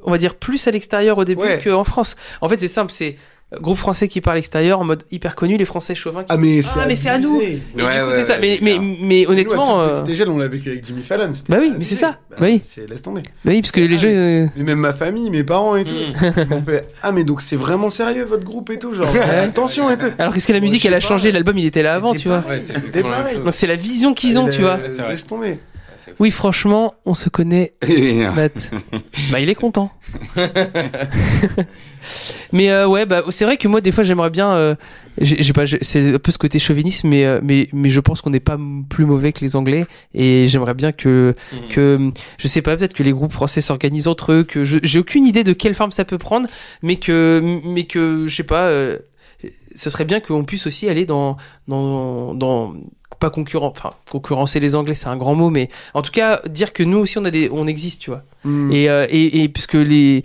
[SPEAKER 1] on va dire, plus à l'extérieur au début
[SPEAKER 4] Ouais.
[SPEAKER 1] qu'en France. En fait, c'est simple, c'est euh, groupe français qui parle à l'extérieur en mode hyper connu, les Français chauvins. Qui...
[SPEAKER 4] Ah mais
[SPEAKER 1] Ah, mais c'est à
[SPEAKER 4] abusé.
[SPEAKER 1] nous.
[SPEAKER 4] Et
[SPEAKER 1] Et du coup, c'est ça. Mais,
[SPEAKER 3] c'est
[SPEAKER 1] mais,
[SPEAKER 3] clair.
[SPEAKER 1] mais
[SPEAKER 4] nous, à
[SPEAKER 1] honnêtement,
[SPEAKER 4] toute
[SPEAKER 1] euh,
[SPEAKER 4] petite échelle, on l'a vécu avec Jimmy Fallon. c'était
[SPEAKER 1] Bah oui,
[SPEAKER 4] abusé.
[SPEAKER 1] mais c'est ça.
[SPEAKER 4] Bah,
[SPEAKER 1] Oui.
[SPEAKER 4] C'est laisse tomber.
[SPEAKER 1] oui, parce que les
[SPEAKER 4] Ah,
[SPEAKER 1] jeux, euh,
[SPEAKER 4] Mais même ma famille, mes parents et tout.
[SPEAKER 2] Mm.
[SPEAKER 4] Ils m'ont fait ah mais donc c'est vraiment sérieux votre groupe et tout genre. Attention et tout.
[SPEAKER 1] alors qu'est-ce que la
[SPEAKER 4] Moi,
[SPEAKER 1] musique,
[SPEAKER 4] je sais
[SPEAKER 1] elle a
[SPEAKER 4] pas.
[SPEAKER 1] changé, l'album il était là avant,
[SPEAKER 4] C'était
[SPEAKER 1] tu vois.
[SPEAKER 4] pas-
[SPEAKER 2] Ouais, c'est
[SPEAKER 4] C'était
[SPEAKER 2] exactement la même
[SPEAKER 4] pareil.
[SPEAKER 2] chose.
[SPEAKER 1] Donc c'est la vision qu'ils ont,
[SPEAKER 4] Elle,
[SPEAKER 1] tu vois.
[SPEAKER 4] euh,
[SPEAKER 2] C'est vrai.
[SPEAKER 4] Laisse tomber.
[SPEAKER 2] Ouais, c'est fou.
[SPEAKER 1] Oui, franchement, on se connaît
[SPEAKER 3] Et- euh,
[SPEAKER 1] Matt. Smile est content. mais euh, ouais, bah, c'est vrai que moi, des fois, j'aimerais bien. euh, j'ai j'ai pas, j'ai- c'est un peu ce côté chauvinisme, mais, euh, mais, mais je pense qu'on n'est pas m- plus mauvais que les Anglais. Et j'aimerais bien que,
[SPEAKER 2] Mhm.
[SPEAKER 1] que. Je sais pas, peut-être que les groupes français s'organisent entre eux, que je- j'ai aucune idée de quelle forme ça peut prendre, mais que, mais que je sais pas. euh, ce serait bien qu'on puisse aussi aller dans. dans, dans pas concurrent, enfin concurrencer les Anglais, c'est un grand mot, mais en tout cas dire que nous aussi on a des, on existe, tu vois.
[SPEAKER 4] Mm.
[SPEAKER 1] Et, euh, et, et parce que les,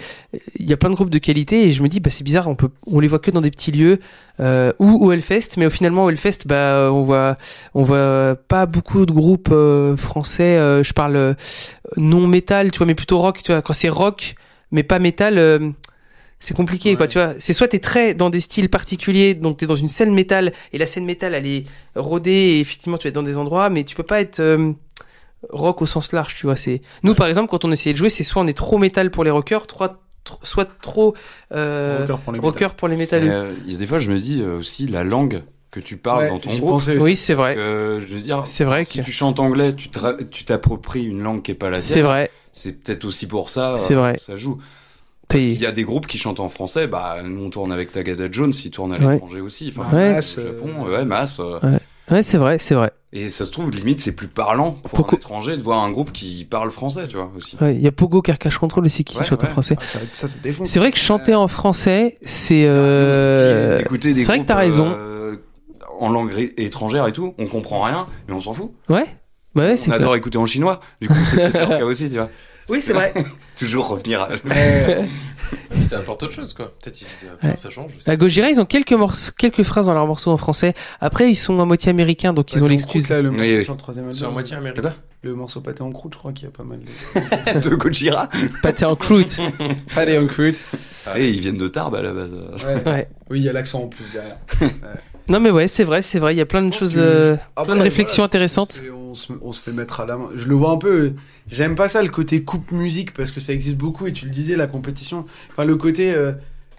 [SPEAKER 1] il y a plein de groupes de qualité et je me dis bah c'est bizarre, on peut, on les voit que dans des petits lieux euh, ou au Hellfest, mais au finalement au Hellfest bah on voit, on voit pas beaucoup de groupes euh, français. euh, je parle euh, non métal, tu vois, mais plutôt rock, tu vois. Quand c'est rock mais pas métal. euh, c'est compliqué, quoi,
[SPEAKER 4] Ouais.
[SPEAKER 1] tu vois. C'est soit t'es très dans des styles particuliers, donc t'es dans une scène métal, et la scène métal, elle est rodée, et effectivement, tu vas être dans des endroits, mais tu peux pas être euh, rock au sens large, tu vois. C'est Nous, par exemple, quand on essayait de jouer, c'est soit on est trop métal pour les rockers, trois- tr- soit trop euh,
[SPEAKER 4] Rocker pour les
[SPEAKER 1] rocker pour les
[SPEAKER 3] Et,
[SPEAKER 1] métalleux.
[SPEAKER 3] euh, Il y a des fois, je me dis euh, aussi la langue que tu parles
[SPEAKER 4] Ouais,
[SPEAKER 3] dans ton
[SPEAKER 4] j'y
[SPEAKER 3] groupe.
[SPEAKER 4] pensais aussi.
[SPEAKER 1] Oui, c'est
[SPEAKER 3] euh,
[SPEAKER 1] vrai.
[SPEAKER 3] Parce que je veux dire,
[SPEAKER 1] C'est vrai
[SPEAKER 3] si
[SPEAKER 1] que...
[SPEAKER 3] tu chantes anglais, tu te- tu t'appropries une langue qui est pas la
[SPEAKER 1] C'est
[SPEAKER 3] tienne.
[SPEAKER 1] vrai.
[SPEAKER 3] C'est peut-être aussi pour ça. euh,
[SPEAKER 1] C'est vrai.
[SPEAKER 3] Ça joue.
[SPEAKER 1] T'as-
[SPEAKER 3] Il y a des groupes qui chantent en français, bah nous on tourne avec Tagada Jones, ils tournent à
[SPEAKER 1] Ouais.
[SPEAKER 3] l'étranger aussi, enfin
[SPEAKER 1] Ouais.
[SPEAKER 3] au Japon, ouais, masse. euh.
[SPEAKER 1] Ouais, c'est vrai, c'est vrai.
[SPEAKER 3] Et ça se trouve limite c'est plus parlant pour
[SPEAKER 1] Pourquoi-
[SPEAKER 3] un étranger de voir un groupe qui parle français, tu vois aussi.
[SPEAKER 1] Ouais, Il y a Pogo Carcache Control aussi qui
[SPEAKER 3] Ouais,
[SPEAKER 1] chante en
[SPEAKER 3] ouais.
[SPEAKER 1] français.
[SPEAKER 4] Ah, ça, ça, ça défonce.
[SPEAKER 1] C'est vrai que chanter en français, c'est... Euh...
[SPEAKER 3] Écouter des
[SPEAKER 1] C'est vrai que
[SPEAKER 3] groupes,
[SPEAKER 1] t'as raison.
[SPEAKER 3] euh, en langue ré- étrangère et tout, on comprend rien, mais on s'en fout.
[SPEAKER 1] Ouais Bah Ouais, c'est
[SPEAKER 3] euh, on
[SPEAKER 1] clair.
[SPEAKER 3] adore écouter en chinois, du coup c'est peut-être leur cas aussi, tu vois.
[SPEAKER 1] Oui, c'est vrai.
[SPEAKER 3] Toujours revenir à...
[SPEAKER 2] Puis ça apporte autre chose, quoi. Peut-être ils- euh, putain, ça change. je sais
[SPEAKER 1] À Gojira, ils ont quelques, morce- quelques phrases dans leurs morceaux en français. Après, ils sont à moitié américains, donc
[SPEAKER 3] Bah,
[SPEAKER 1] ils ont l'excuse.
[SPEAKER 4] Là, le
[SPEAKER 3] Oui,
[SPEAKER 4] morceau
[SPEAKER 3] oui.
[SPEAKER 4] sur le troisième
[SPEAKER 2] pas.
[SPEAKER 4] album.
[SPEAKER 1] euh,
[SPEAKER 2] C'est en moitié américain.
[SPEAKER 4] Le morceau pâté en croûte, je crois qu'il y a pas mal. de-
[SPEAKER 3] de Gojira.
[SPEAKER 1] Pâté en croûte.
[SPEAKER 4] Pâté en croûte.
[SPEAKER 3] Et ils viennent de Tarbes à la base.
[SPEAKER 4] Ouais.
[SPEAKER 1] Ouais.
[SPEAKER 4] Oui, il y a l'accent en plus derrière.
[SPEAKER 1] Non, mais ouais, c'est vrai, c'est vrai. Il y a plein de choses,
[SPEAKER 4] que-
[SPEAKER 1] euh,
[SPEAKER 4] Après,
[SPEAKER 1] plein de
[SPEAKER 4] voilà,
[SPEAKER 1] réflexions intéressantes.
[SPEAKER 4] Et on se, on se fait mettre à la main. Je le vois un peu. euh, J'aime pas ça le côté coupe musique parce que ça existe beaucoup et tu le disais la compétition. Enfin le côté euh,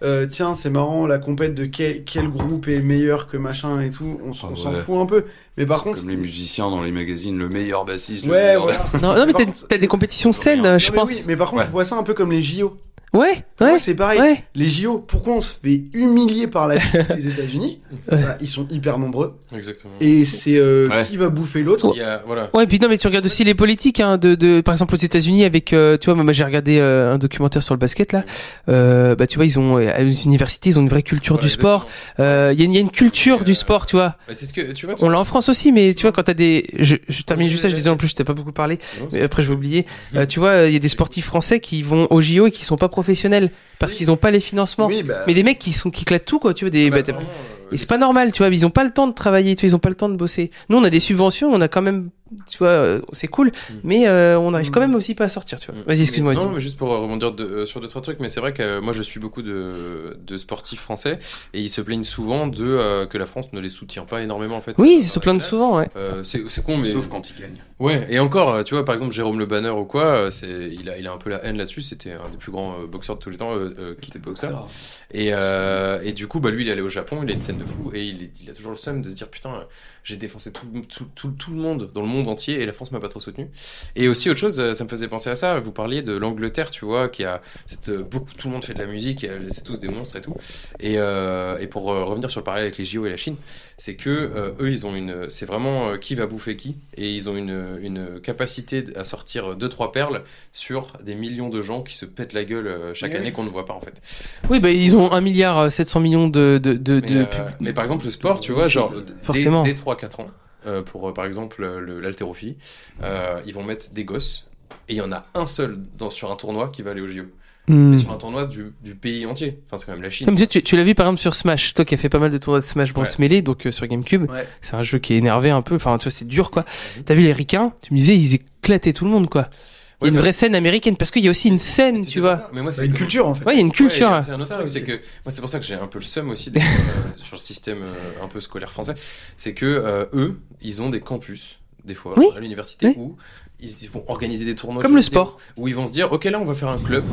[SPEAKER 4] euh, tiens c'est marrant la compète de quel, quel groupe est meilleur que machin et tout. On, s-
[SPEAKER 3] Ah
[SPEAKER 4] on s'en
[SPEAKER 3] ouais.
[SPEAKER 4] fout un peu. Mais par contre
[SPEAKER 3] Comme les musiciens dans les magazines, le meilleur bassiste, le
[SPEAKER 4] ouais
[SPEAKER 3] meilleur
[SPEAKER 4] voilà.
[SPEAKER 1] Non, non, mais
[SPEAKER 4] Par
[SPEAKER 1] t'as
[SPEAKER 4] contre-
[SPEAKER 1] t'as des compétitions saines, euh, je
[SPEAKER 4] Non, mais
[SPEAKER 1] pense.
[SPEAKER 4] oui, mais par contre
[SPEAKER 3] Ouais.
[SPEAKER 4] je vois ça un peu comme les JO.
[SPEAKER 1] Ouais, ouais,
[SPEAKER 4] Ouais, c'est pareil.
[SPEAKER 1] ouais.
[SPEAKER 4] Les JO, pourquoi on se fait humilier par la Chine et les États-Unis
[SPEAKER 1] Ouais.
[SPEAKER 4] Bah, Ils sont hyper nombreux
[SPEAKER 2] Exactement.
[SPEAKER 4] et c'est euh,
[SPEAKER 3] Ouais.
[SPEAKER 4] qui va bouffer l'autre.
[SPEAKER 2] Il y a, voilà.
[SPEAKER 1] Ouais, puis non, mais tu regardes aussi les politiques, hein, de, de, par exemple aux États-Unis avec, euh, tu vois, moi j'ai regardé euh, un documentaire sur le basket là. Euh, bah tu vois, ils ont euh, à les universités, ils ont une vraie culture
[SPEAKER 2] Voilà,
[SPEAKER 1] du sport.
[SPEAKER 2] exactement.
[SPEAKER 1] Euh, Il y, a- il y a une culture
[SPEAKER 2] Et,
[SPEAKER 1] du
[SPEAKER 2] euh,
[SPEAKER 1] sport, tu vois.
[SPEAKER 2] Bah, c'est ce que tu vois. tu-
[SPEAKER 1] On l'a en France aussi, mais tu vois, quand t'as des. Je, je termine
[SPEAKER 2] Oui,
[SPEAKER 1] juste ça, je
[SPEAKER 2] vas-y.
[SPEAKER 1] disais en plus, je t'ai pas beaucoup parlé,
[SPEAKER 2] Non, c'est-
[SPEAKER 1] mais après je vais oublier. Euh, tu vois, il y a des sportifs français qui vont au JO et qui sont pas professionnels parce qu'ils ont pas les financements.
[SPEAKER 4] Oui, Ah bah,
[SPEAKER 1] Mais des mecs qui sont qui clatent tout, quoi, tu vois. Des,
[SPEAKER 2] Bah,
[SPEAKER 1] bah, t'as-
[SPEAKER 2] vraiment, euh,
[SPEAKER 1] et c'est pas normal, tu vois, ils ont pas le temps de travailler, tu vois, ils ont pas le temps de bosser. Nous, on a des subventions, on a quand même, tu vois, euh, c'est cool, mais euh, on arrive quand même aussi pas à sortir, tu vois. Vas-y, excuse-moi.
[SPEAKER 2] Mm. Mais Mm. Non,
[SPEAKER 1] dis-moi.
[SPEAKER 2] mais juste pour rebondir de- euh, sur deux trois trucs, mais c'est vrai que euh, moi je suis beaucoup de, de sportifs français et ils se plaignent souvent de euh, que la France ne les soutient pas énormément en fait.
[SPEAKER 1] Oui,
[SPEAKER 2] euh,
[SPEAKER 1] ils se plaignent souvent, ouais.
[SPEAKER 2] Euh, c'est c'est con, mais
[SPEAKER 3] Sauf quand ils gagnent.
[SPEAKER 2] ouais. Et encore, euh, tu vois, par exemple Jérôme Le Banner ou quoi, euh, c'est il a il a un peu la haine là-dessus. C'était un des plus grands euh, boxeurs de tous les temps, euh, euh, kickboxer. Et, euh, et du coup, bah, lui, il est allé au Japon, il a une scène de fou, et il, est- il a toujours le seum de se dire Putain, j'ai défoncé tout, tout, tout- tout le monde dans le monde, monde entier et la France m'a pas trop soutenu. Et aussi, autre chose, euh, ça me faisait penser à ça. Vous parliez de l'Angleterre, tu vois, qui a cette, euh, beaucoup, tout le monde fait de la musique, et, euh, c'est tous des monstres et tout. Et, euh, et pour euh, revenir sur le parallèle avec les JO et la Chine, c'est que euh, eux, ils ont une, c'est vraiment euh, qui va bouffer qui, et ils ont une, une capacité à sortir deux trois perles sur des millions de gens qui se pètent la gueule euh, chaque
[SPEAKER 4] Mais oui.
[SPEAKER 2] année qu'on ne voit pas en fait.
[SPEAKER 1] Oui, bah, ils ont 1 milliard euh, 700 millions de, de, de,
[SPEAKER 2] Mais,
[SPEAKER 1] de
[SPEAKER 2] euh,
[SPEAKER 1] pub-
[SPEAKER 2] mais par exemple, le sport, tu vois, genre, d-
[SPEAKER 1] Forcément.
[SPEAKER 2] dès, 3-4 ans, euh, pour euh, par exemple euh, le- l'haltérophilie, euh, ils vont mettre des gosses et il y en a un seul dans, sur un tournoi qui va aller au JO.
[SPEAKER 1] Hmm.
[SPEAKER 2] Mais sur un tournoi du, du pays entier. Enfin, c'est quand même la Chine.
[SPEAKER 1] Comme tu, tu, tu l'as vu par exemple sur Smash, toi qui as fait pas mal de tournois de Smash Bros
[SPEAKER 2] Ouais.
[SPEAKER 1] Melee, donc euh, sur
[SPEAKER 4] bah,
[SPEAKER 1] GameCube,
[SPEAKER 5] Ouais.
[SPEAKER 1] c'est un jeu qui est énervé un peu, enfin tu vois c'est dur quoi.
[SPEAKER 2] Mm-hmm.
[SPEAKER 1] T'as vu les ricains, tu me disais ils éclataient tout le monde quoi. Il y a
[SPEAKER 2] Ouais,
[SPEAKER 1] une
[SPEAKER 2] parce-
[SPEAKER 1] vraie scène américaine parce qu'il y a aussi une scène,
[SPEAKER 2] Mais
[SPEAKER 1] tu vois.
[SPEAKER 2] Mais moi, c'est
[SPEAKER 4] C'est une
[SPEAKER 2] comme-
[SPEAKER 4] culture en fait.
[SPEAKER 1] Ouais, il y a une culture.
[SPEAKER 2] Ouais,
[SPEAKER 1] hein.
[SPEAKER 2] c'est un autre
[SPEAKER 4] Ça,
[SPEAKER 2] truc,
[SPEAKER 4] c'est-
[SPEAKER 2] c'est que moi c'est pour ça que j'ai un peu le seum aussi des- euh, sur le système euh, un peu scolaire français, c'est que euh, eux ils ont des campus des fois
[SPEAKER 1] Oui.
[SPEAKER 2] à l'université
[SPEAKER 1] Oui.
[SPEAKER 2] où ils vont organiser des tournois
[SPEAKER 1] Comme
[SPEAKER 2] de
[SPEAKER 1] le
[SPEAKER 2] jeux vidéo,
[SPEAKER 1] sport.
[SPEAKER 2] où ils vont se dire ok là on va faire un club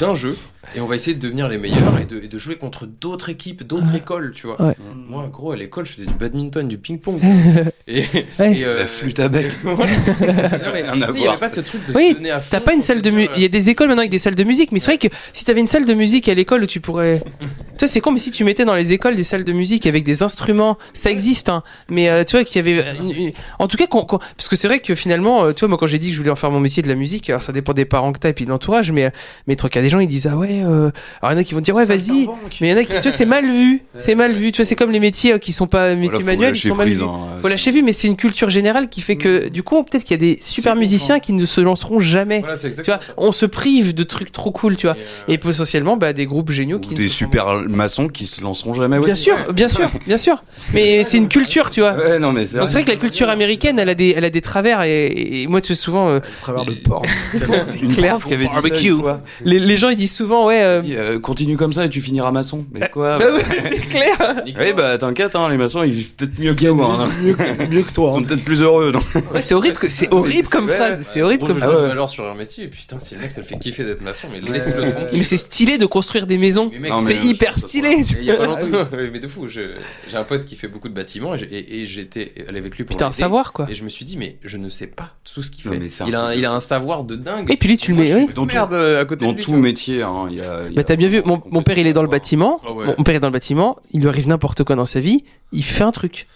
[SPEAKER 2] d'un jeu et on va essayer de devenir les meilleurs et de, et de jouer contre d'autres équipes
[SPEAKER 1] Ah.
[SPEAKER 2] d'autres écoles tu vois.
[SPEAKER 1] Ouais.
[SPEAKER 2] Moi gros à l'école je faisais du badminton du ping pong et,
[SPEAKER 1] Ah. Ouais.
[SPEAKER 2] et, euh,
[SPEAKER 3] La flûte à bec.
[SPEAKER 2] non, mais, tu sais,
[SPEAKER 3] Rien à
[SPEAKER 2] il y
[SPEAKER 3] voir.
[SPEAKER 2] avait pas ce truc de
[SPEAKER 1] Oui,
[SPEAKER 2] se euh, donner à fond
[SPEAKER 1] T'as pas une salle de
[SPEAKER 2] tu
[SPEAKER 1] musique.
[SPEAKER 2] vois.
[SPEAKER 1] Il y a des écoles maintenant avec des salles de musique, mais c'est vrai que si t'avais une salle de musique à l'école où tu pourrais. tu vois, c'est con, mais si tu mettais dans les écoles des salles de musique avec des instruments, ça existe, hein. Mais euh, tu vois, qu'il y avait. euh, une- une- En tout cas, qu'on- qu'on- parce que c'est vrai que finalement, euh, tu vois, moi quand j'ai dit que je voulais en faire mon métier de la musique, alors ça dépend des parents que t'as et puis de l'entourage, mais, euh, mais truc, il y a des gens, ils disent, ah ouais, euh... alors il y en a qui vont dire, ouais, vas-y. Mais il y en a qui, tu vois, c'est mal vu. C'est mal vu. Tu vois, c'est comme les métiers euh, qui sont pas métiers
[SPEAKER 3] Voilà, faut
[SPEAKER 1] manuels, ils
[SPEAKER 3] lâcher
[SPEAKER 1] sont mal
[SPEAKER 3] prise,
[SPEAKER 1] vus.
[SPEAKER 3] hein.
[SPEAKER 1] Faut lâcher vue, mais c'est une culture générale qui fait que, du coup, peut-être qu'il y a des super
[SPEAKER 4] bon,
[SPEAKER 1] musiciens qui ne se lanceront jamais.
[SPEAKER 2] Voilà, c'est
[SPEAKER 1] Tu vois,
[SPEAKER 2] exactement ça.
[SPEAKER 1] on se prive de trucs trop cool, tu vois.
[SPEAKER 2] euh,
[SPEAKER 1] Et potentiellement, bah, des groupes géniaux
[SPEAKER 3] Ou
[SPEAKER 1] qui. ne
[SPEAKER 3] des
[SPEAKER 1] se
[SPEAKER 3] super maçons qui se lanceront jamais.
[SPEAKER 1] font- Bien
[SPEAKER 3] aussi.
[SPEAKER 1] sûr, bien sûr, bien sûr. Mais c'est une culture, tu vois.
[SPEAKER 3] Ouais, non mais c'est
[SPEAKER 1] Donc c'est
[SPEAKER 3] vrai.
[SPEAKER 1] vrai que la culture américaine, elle a des, elle a des travers et, et moi, tu sais, souvent, euh,
[SPEAKER 4] À travers le porc.
[SPEAKER 3] Une
[SPEAKER 1] clair.
[SPEAKER 3] prof qui avait dit ça une
[SPEAKER 1] Barbecue.
[SPEAKER 3] fois.
[SPEAKER 1] les, les gens, ils disent souvent, ouais. euh,
[SPEAKER 3] Elle dit, euh, continue comme ça et tu finiras maçon. Mais quoi
[SPEAKER 1] bah ouais, c'est
[SPEAKER 2] euh,
[SPEAKER 1] clair.
[SPEAKER 3] Oui, bah t'inquiète, hein, les maçons, ils vivent peut-être mieux que nous.
[SPEAKER 1] Bah
[SPEAKER 3] hein.
[SPEAKER 4] mieux, que- mieux que
[SPEAKER 3] Ils
[SPEAKER 4] toi. hein.
[SPEAKER 3] sont peut-être plus heureux. non
[SPEAKER 1] Ouais, c'est horrible, que- c'est horrible comme phrase. C'est horrible comme.
[SPEAKER 3] jeu.
[SPEAKER 2] phrase.
[SPEAKER 3] Ah ouais.
[SPEAKER 2] Alors sur un métier, et putain, si le mec ça le fait kiffer d'être maçon, mais
[SPEAKER 5] Ouais.
[SPEAKER 2] laisse le tranquille.
[SPEAKER 1] Mais c'est stylé de construire des maisons.
[SPEAKER 2] Mais mec,
[SPEAKER 3] Non, mais
[SPEAKER 1] C'est
[SPEAKER 3] je-
[SPEAKER 1] hyper stylé. tu
[SPEAKER 2] Il y a
[SPEAKER 1] vois.
[SPEAKER 2] pas longtemps, mais de fou. je- J'ai un pote qui fait beaucoup de bâtiments et j'ai- et et j'étais allé avec lui pour
[SPEAKER 1] Putain,
[SPEAKER 2] l'aider.
[SPEAKER 1] savoir quoi.
[SPEAKER 2] Et je me suis dit, mais je ne sais pas tout ce qu'il
[SPEAKER 3] Non,
[SPEAKER 2] fait.
[SPEAKER 3] mais c'est un
[SPEAKER 2] Il a, un-
[SPEAKER 3] truc.
[SPEAKER 2] il a un savoir de dingue.
[SPEAKER 1] Et puis lui, tu le
[SPEAKER 2] Moi,
[SPEAKER 1] mets,
[SPEAKER 2] je suis
[SPEAKER 1] oui.
[SPEAKER 2] une
[SPEAKER 3] Dans tout-
[SPEAKER 2] merde euh, à côté
[SPEAKER 3] Dans
[SPEAKER 2] de lui,
[SPEAKER 3] tout
[SPEAKER 2] tu vois.
[SPEAKER 3] métier, hein, il y a. il y
[SPEAKER 1] Bah
[SPEAKER 3] a-
[SPEAKER 1] t'as bien vu, mon, mon père il est dans le bâtiment,
[SPEAKER 2] Ah ouais.
[SPEAKER 1] mon, mon père est dans le bâtiment, il lui arrive n'importe quoi dans sa vie, il fait un truc.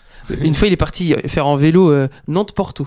[SPEAKER 1] Une fois il est parti faire en vélo euh, Nantes-Porto.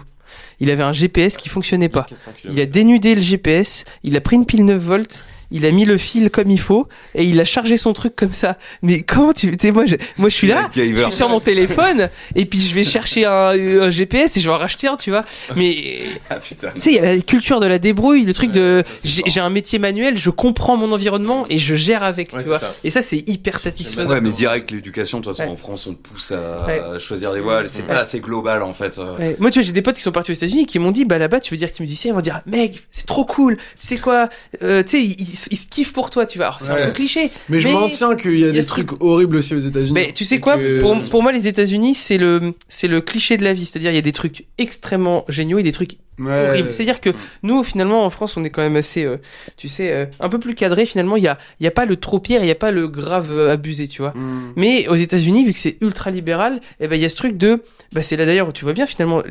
[SPEAKER 1] Il avait un GPS qui fonctionnait pas.
[SPEAKER 2] 400 kilomètres.
[SPEAKER 1] Il a dénudé le GPS, il a pris une pile 9 volts, il a mis le fil comme il faut et il a chargé son truc comme ça. Mais comment tu... Tu sais, moi, je- moi je suis là, je
[SPEAKER 3] MacGyver.
[SPEAKER 1] suis sur mon téléphone et puis je vais chercher un, un GPS et je vais en racheter un, tu vois. Mais
[SPEAKER 3] Ah putain.
[SPEAKER 1] tu sais, il y a la culture de la débrouille, le truc
[SPEAKER 2] Ouais,
[SPEAKER 1] de
[SPEAKER 2] ça, c'est
[SPEAKER 1] j'ai
[SPEAKER 2] fort.
[SPEAKER 1] j'ai un métier manuel, je comprends mon environnement et je gère avec,
[SPEAKER 2] Ouais,
[SPEAKER 1] tu
[SPEAKER 2] c'est
[SPEAKER 1] vois.
[SPEAKER 2] ça.
[SPEAKER 1] Et ça, c'est hyper satisfaisant.
[SPEAKER 3] Ouais, mais direct, l'éducation, de toute façon,
[SPEAKER 1] Ouais.
[SPEAKER 3] en France, on pousse à
[SPEAKER 1] Ouais.
[SPEAKER 3] à choisir des voiles. C'est pas assez global, en fait. euh.
[SPEAKER 1] Ouais. Moi, tu vois, j'ai des potes qui sont partis aux États-Unis qui m'ont dit, bah là-bas, tu veux dire que t'es musicien, ils vont dire, mec, c'est trop cool, tu sais quoi, euh, tu sais, ils, ils, ils se kiffent pour toi, tu vois. Alors, c'est
[SPEAKER 2] Ouais. Mm.
[SPEAKER 1] un peu cliché.
[SPEAKER 4] Mais je
[SPEAKER 1] Mais-
[SPEAKER 4] m'en tiens qu'il y a
[SPEAKER 1] y a
[SPEAKER 4] des
[SPEAKER 1] ce truc-
[SPEAKER 4] trucs horribles aussi aux États-Unis.
[SPEAKER 1] Mais tu sais
[SPEAKER 4] Et
[SPEAKER 1] quoi,
[SPEAKER 4] que-
[SPEAKER 1] pour, pour moi, les États-Unis, c'est le, c'est le cliché de la vie. C'est-à-dire, il y a des trucs extrêmement géniaux et des trucs
[SPEAKER 4] Ouais.
[SPEAKER 1] horrible. C'est-à-dire
[SPEAKER 2] Mm.
[SPEAKER 1] que nous, finalement, en France, on est quand même assez, euh, tu sais, euh, un peu plus cadré. Finalement, il y a, il y a pas le trop pire, il y a pas le grave euh, abusé, tu vois.
[SPEAKER 4] Mm.
[SPEAKER 1] Mais aux États-Unis, vu que c'est ultra libéral, eh ben il y a ce truc de, bah c'est là d'ailleurs où tu vois bien finalement.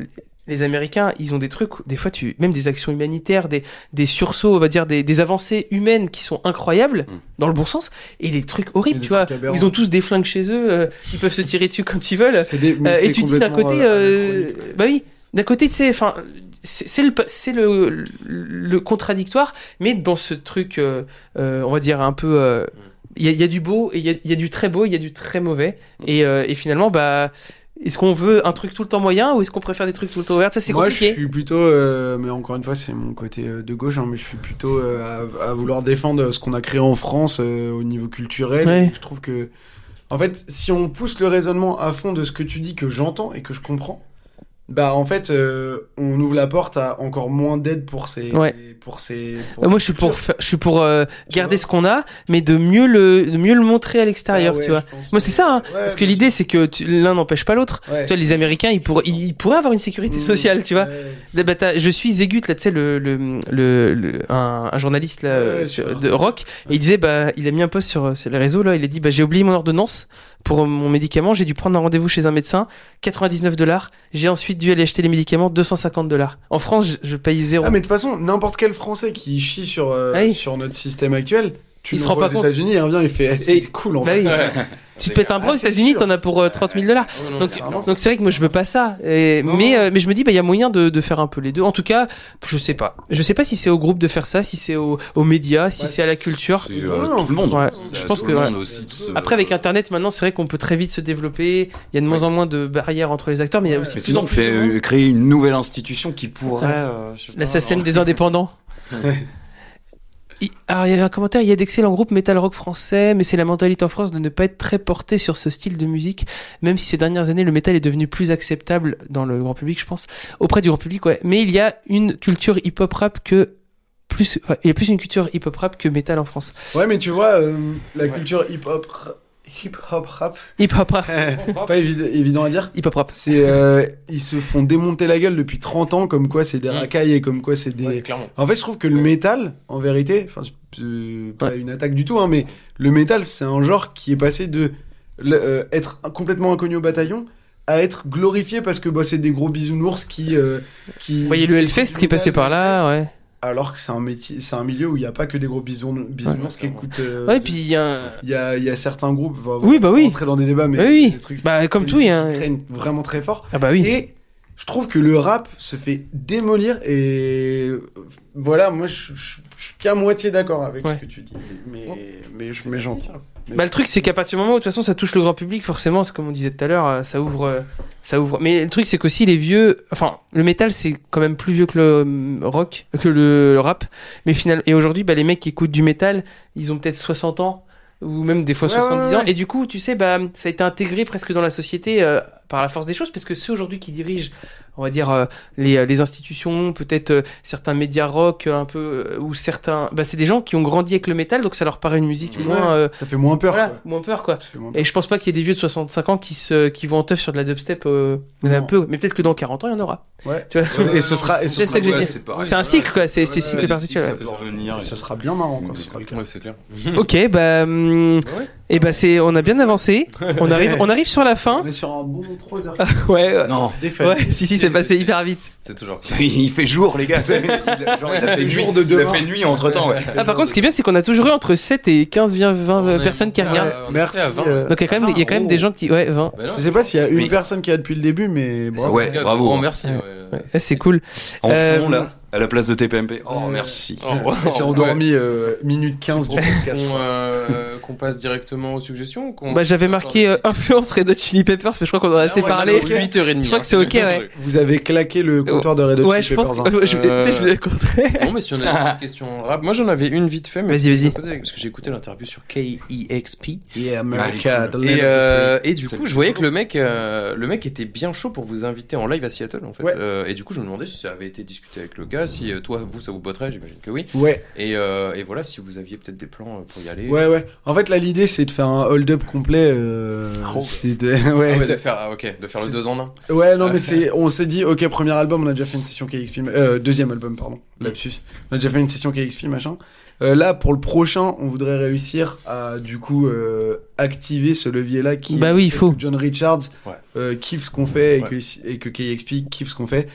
[SPEAKER 1] Les Américains, ils ont des trucs, des fois, tu, même des actions humanitaires, des, des sursauts, on va dire, des, des avancées humaines qui sont incroyables,
[SPEAKER 3] Mm.
[SPEAKER 1] dans le bon sens, et des trucs
[SPEAKER 4] Il y a
[SPEAKER 1] horribles,
[SPEAKER 4] des
[SPEAKER 1] tu vois.
[SPEAKER 4] trucs aberrants.
[SPEAKER 1] Ils ont tous des flingues chez eux, euh, ils peuvent se tirer dessus quand ils veulent.
[SPEAKER 4] C'est des- mais
[SPEAKER 1] Euh,
[SPEAKER 4] c'est
[SPEAKER 1] et tu dis d'un
[SPEAKER 4] complètement,
[SPEAKER 1] côté,
[SPEAKER 4] euh,
[SPEAKER 1] euh, bah oui, d'un côté, tu sais, enfin, c'est c'est le, c'est le, le contradictoire, mais dans ce truc, euh, euh, on va dire un peu, euh, il y, a- il y a du beau et il y a, il y a du très beau, il y a du très mauvais,
[SPEAKER 4] Mm.
[SPEAKER 1] et, euh, et finalement, bah, est-ce qu'on veut un truc tout le temps moyen ou est-ce qu'on préfère des trucs tout le temps ouverts Ça, c'est
[SPEAKER 4] Moi, je
[SPEAKER 1] compliqué.
[SPEAKER 4] suis plutôt, euh, mais encore une fois, c'est mon côté euh, de gauche, hein, mais je suis plutôt euh, à, à vouloir défendre ce qu'on a créé en France euh, au niveau culturel.
[SPEAKER 1] Ouais.
[SPEAKER 4] Je trouve que, en fait, si on pousse le raisonnement à fond de ce que tu dis, que j'entends et que je comprends, bah en fait, euh, on ouvre la porte à encore moins d'aide pour ces,
[SPEAKER 1] Ouais.
[SPEAKER 4] pour ces.
[SPEAKER 1] Euh, Moi, je suis pour, fa- je suis pour euh, garder ce qu'on a, mais de mieux le, de mieux le montrer à
[SPEAKER 4] Ah
[SPEAKER 1] l'extérieur, tu vois. Moi, c'est ça, hein, Parce que l'idée, c'est que tu- l'un n'empêche pas l'autre. Tu vois, les Américains, ils, pourraient- ils pourraient avoir une
[SPEAKER 4] Mm. Mmh.
[SPEAKER 1] sécurité sociale, tu vois. Ah bah, t'as- je suis Zégut là, tu sais le, le, le, le- un, un journaliste là,
[SPEAKER 4] Ouais,
[SPEAKER 1] euh,
[SPEAKER 4] sur
[SPEAKER 1] sur-
[SPEAKER 4] Arte.
[SPEAKER 1] de rock et il disait bah il a mis un post sur, euh, sur les réseaux là, il a dit bah j'ai oublié mon ordonnance pour euh, mon médicament, j'ai dû prendre un rendez-vous chez un médecin, 99 dollars, j'ai ensuite dû aller acheter les médicaments 250 dollars. En France, je, je paye zéro.
[SPEAKER 4] Ah, mais de toute façon, n'importe quel Français qui chie sur, euh,
[SPEAKER 1] Ah oui.
[SPEAKER 4] sur notre système actuel, tu
[SPEAKER 1] Il
[SPEAKER 4] le
[SPEAKER 1] se rend
[SPEAKER 4] vois
[SPEAKER 1] pas
[SPEAKER 4] aux
[SPEAKER 1] compte.
[SPEAKER 4] États-Unis, il revient, il fait, eh,
[SPEAKER 1] Et-
[SPEAKER 4] c'est cool en
[SPEAKER 1] Bah
[SPEAKER 4] fait.
[SPEAKER 1] oui. tu
[SPEAKER 2] C'est
[SPEAKER 1] te pètes un bras aux
[SPEAKER 4] Ah, c'est
[SPEAKER 1] États-Unis,
[SPEAKER 4] sûr.
[SPEAKER 1] t'en as pour euh, 30 000 dollars.
[SPEAKER 2] Non, non,
[SPEAKER 1] Donc,
[SPEAKER 2] c'est-
[SPEAKER 4] Vraiment.
[SPEAKER 1] Donc c'est vrai que moi je veux pas ça, Et-
[SPEAKER 4] Non,
[SPEAKER 1] mais
[SPEAKER 4] non.
[SPEAKER 1] euh, mais je me dis bah il y a moyen de, de faire un peu les deux. En tout cas, je sais pas, je sais pas si c'est au groupe de faire ça, si c'est au- aux médias, si
[SPEAKER 4] Bah,
[SPEAKER 5] Ouais,
[SPEAKER 1] c'est à la culture.
[SPEAKER 3] C'est euh,
[SPEAKER 4] Non,
[SPEAKER 3] tout le monde.
[SPEAKER 1] ouais,
[SPEAKER 3] C'est
[SPEAKER 1] je
[SPEAKER 3] à
[SPEAKER 1] pense
[SPEAKER 3] tout
[SPEAKER 1] que,
[SPEAKER 3] le
[SPEAKER 1] ouais.
[SPEAKER 3] monde aussi de se-
[SPEAKER 1] Après avec Internet maintenant c'est vrai qu'on peut très vite se développer. Il y a de moins en moins de barrières entre les acteurs, mais il y a aussi
[SPEAKER 3] Mais
[SPEAKER 1] de plus en
[SPEAKER 3] sinon,
[SPEAKER 1] plus
[SPEAKER 3] fait,
[SPEAKER 1] de monde.
[SPEAKER 3] euh, créer une nouvelle institution qui pourrait.
[SPEAKER 1] la SACEM des indépendants. Il- Alors, il y avait un commentaire, il y a d'excellents groupes metal rock français, mais c'est la mentalité en France de ne pas être très porté sur ce style de musique, même si ces dernières années le métal est devenu plus acceptable dans le grand public, je pense, auprès du grand public, ouais. Mais il y a une culture hip-hop rap que plus, enfin, il y a plus une culture hip-hop rap que métal en France.
[SPEAKER 4] Ouais, mais tu vois, euh, la culture hip-hop, ra- hip-hop rap,
[SPEAKER 1] Hip-hop rap,
[SPEAKER 4] pas évi- évident à dire.
[SPEAKER 1] hip-hop rap.
[SPEAKER 4] C'est, euh, ils se font démonter la gueule depuis 30 ans, comme quoi c'est des
[SPEAKER 2] Mm.
[SPEAKER 4] racailles et comme quoi c'est des.
[SPEAKER 2] Ouais, clairement.
[SPEAKER 4] En fait, je trouve que le métal, en vérité, enfin, c'est euh, pas une attaque du tout, hein, mais le métal, c'est un genre qui est passé de le- euh, être complètement inconnu au bataillon à être glorifié parce que bah, c'est des gros bisounours qui. euh, qui
[SPEAKER 1] Vous voyez le Hellfest qui est passé par là, ouais.
[SPEAKER 4] Alors que c'est un métier, c'est un milieu où il n'y a pas que des gros bisounours, bisounours qui
[SPEAKER 2] clairement.
[SPEAKER 4] écoutent. euh,
[SPEAKER 1] Ouais, et puis il y a un-
[SPEAKER 4] il y a, il y a certains groupes. enfin,
[SPEAKER 1] Oui,
[SPEAKER 4] on va
[SPEAKER 1] bah oui.
[SPEAKER 4] Rentrer dans des débats, mais
[SPEAKER 1] Bah oui.
[SPEAKER 4] des trucs
[SPEAKER 1] Bah, comme tout, il y a
[SPEAKER 4] politiques
[SPEAKER 1] un-
[SPEAKER 4] qui craignent vraiment très fort.
[SPEAKER 1] Ah bah oui.
[SPEAKER 4] Et je trouve que le rap se fait démolir et euh, voilà, moi je, je- je suis qu'à moitié d'accord avec
[SPEAKER 1] Ouais. Oh.
[SPEAKER 4] ce que tu dis, mais mais je mais j'entends.
[SPEAKER 1] Bah, le truc, c'est qu'à partir du moment où, de toute façon, ça touche le grand public, forcément, c'est comme on disait tout à l'heure, euh, ça ouvre. euh, Ça ouvre. Mais le truc, c'est qu'aussi, les vieux. Enfin, le métal, c'est quand même plus vieux que le euh, rock, que le, le rap. Mais finalement. Et aujourd'hui, bah, les mecs qui écoutent du métal, ils ont peut-être 60 ans, ou même des fois
[SPEAKER 4] Ouais,
[SPEAKER 1] 70
[SPEAKER 4] ouais, ouais,
[SPEAKER 1] ans.
[SPEAKER 4] ouais.
[SPEAKER 1] Et du coup, tu sais, bah, ça a été intégré presque dans la société euh, par la force des choses, parce que ceux aujourd'hui qui dirigent, on va dire, euh, les, euh, les institutions, peut-être euh, certains médias rock, euh, un peu. euh, ou certains. Bah, c'est des gens qui ont grandi avec le métal, donc ça leur paraît une musique
[SPEAKER 2] Ouais.
[SPEAKER 1] moins. euh,
[SPEAKER 4] Ça fait moins peur.
[SPEAKER 1] voilà,
[SPEAKER 4] quoi.
[SPEAKER 1] moins peur, quoi.
[SPEAKER 4] Ça fait moins peur.
[SPEAKER 1] Et je pense pas qu'il y ait des vieux de 65 ans qui, se, qui vont en teuf sur de la dubstep. euh, il y en a un
[SPEAKER 4] Non.
[SPEAKER 1] peu, mais peut-être que dans 40 ans, il y en aura.
[SPEAKER 4] Ouais.
[SPEAKER 1] Tu vois,
[SPEAKER 4] Et,
[SPEAKER 1] c'est-
[SPEAKER 4] ce sera et ce
[SPEAKER 1] C'est
[SPEAKER 4] sera,
[SPEAKER 1] ça que je veux
[SPEAKER 3] Ouais,
[SPEAKER 1] dire.
[SPEAKER 3] c'est pareil.
[SPEAKER 1] c'est un cycle, quoi. C'est c'est
[SPEAKER 3] Ouais,
[SPEAKER 1] cycle
[SPEAKER 3] les
[SPEAKER 1] particulier.
[SPEAKER 3] cycles, Ça peut revenir. et
[SPEAKER 4] ce sera bien marrant. Quoi, ce sera le cas.
[SPEAKER 2] Ouais, c'est clair.
[SPEAKER 1] Ok, bah. hum, Et bah, c'est, on a bien avancé. On arrive, on arrive sur la fin.
[SPEAKER 4] On est sur un bon 3 heures.
[SPEAKER 1] Ouais, euh,
[SPEAKER 3] Ah, Non,
[SPEAKER 1] Hein ouais, si, si, c'est passé hyper vite.
[SPEAKER 2] C'est toujours.
[SPEAKER 3] il fait jour, les gars. tu sais. Il a, genre, il a fait
[SPEAKER 4] Le
[SPEAKER 3] nuit.
[SPEAKER 4] jour de
[SPEAKER 3] il a
[SPEAKER 4] demain.
[SPEAKER 3] fait nuit entre temps.
[SPEAKER 1] Ah, par contre, ce qui est bien, c'est qu'on a toujours eu entre 7 et 15, 20, 20
[SPEAKER 2] On est-
[SPEAKER 1] personnes qui
[SPEAKER 2] Ouais,
[SPEAKER 1] regardent.
[SPEAKER 2] on était
[SPEAKER 4] Merci.
[SPEAKER 2] à 20.
[SPEAKER 4] euh,
[SPEAKER 1] Donc, il y a quand même, il y a quand même des gens qui. Ouais, 20.
[SPEAKER 2] Bah non,
[SPEAKER 4] Je sais pas s'il y a une
[SPEAKER 3] Oui.
[SPEAKER 4] personne qui a depuis le début, mais bravo.
[SPEAKER 3] Ouais,
[SPEAKER 2] c'est-
[SPEAKER 3] bravo.
[SPEAKER 2] Oh, merci.
[SPEAKER 1] Ouais.
[SPEAKER 2] ouais.
[SPEAKER 1] Ouais, ça, Eh, c'est cool.
[SPEAKER 3] En
[SPEAKER 1] Euh,
[SPEAKER 3] fond, là, à la place de TPMP. Oh,
[SPEAKER 4] Euh,
[SPEAKER 3] merci.
[SPEAKER 2] Oh,
[SPEAKER 4] On
[SPEAKER 2] ouais.
[SPEAKER 4] s'est endormi euh, minute 15 du podcast.
[SPEAKER 2] Qu'on euh, qu'on passe directement aux suggestions ou qu'on-
[SPEAKER 1] Bah, j'avais marqué euh, Influence Red Hot Chili Peppers, mais je crois qu'on en a assez
[SPEAKER 2] Ah, ouais,
[SPEAKER 1] parlé.
[SPEAKER 2] hein. c'est 8h30.
[SPEAKER 1] Je crois que c'est ok, ouais.
[SPEAKER 4] Vous avez claqué le comptoir de Red Hot
[SPEAKER 1] Ouais,
[SPEAKER 4] Chili
[SPEAKER 1] je pense
[SPEAKER 4] Peppers,
[SPEAKER 1] que.
[SPEAKER 4] hein.
[SPEAKER 1] je- Tu sais, je l'ai compté.
[SPEAKER 2] Non, mais si on a des questions rap. Moi, j'en avais une vite fait, mais.
[SPEAKER 1] Vas-y, vas-y.
[SPEAKER 2] Parce que j'ai écouté l'interview sur KEXP.
[SPEAKER 4] Yeah, America, the land
[SPEAKER 2] Et,
[SPEAKER 4] of the
[SPEAKER 2] euh, et du
[SPEAKER 3] C'est
[SPEAKER 2] coup,
[SPEAKER 3] le
[SPEAKER 2] je voyais que le mec, euh, le mec était bien chaud pour vous inviter en live à Seattle, en fait.
[SPEAKER 4] Ouais.
[SPEAKER 2] Euh, et du coup, je me demandais si ça avait été discuté avec le gars, si euh, toi, vous, ça vous botterait, j'imagine que oui.
[SPEAKER 4] free. Ouais,
[SPEAKER 2] Et, euh, et voilà, si vous aviez peut-être des plans euh, pour y aller.
[SPEAKER 4] ouais, ouais. En fait, là, l'idée, c'est de faire un hold-up complet. euh,
[SPEAKER 2] Oh.
[SPEAKER 4] c'est de-
[SPEAKER 2] Ah
[SPEAKER 4] ouais,
[SPEAKER 2] ouais, Ah. de faire, ah, ok, de faire le
[SPEAKER 4] C'est-
[SPEAKER 2] deux en un.
[SPEAKER 4] c'est- ouais, non, mais c'est, on s'est dit, ok, premier album, on a déjà fait une session KXP, euh, deuxième album, pardon, lapsus. On a déjà fait une session KXP, machin. Euh, là, pour le prochain, on voudrait réussir à, du coup, euh, activer ce levier-là qui.
[SPEAKER 1] Bah oui, il
[SPEAKER 4] fait
[SPEAKER 1] faut.
[SPEAKER 4] que John Richards
[SPEAKER 2] Ouais.
[SPEAKER 4] euh, kiffe ce qu'on fait et,
[SPEAKER 2] Ouais.
[SPEAKER 4] que, et que KXP kiffe ce qu'on fait.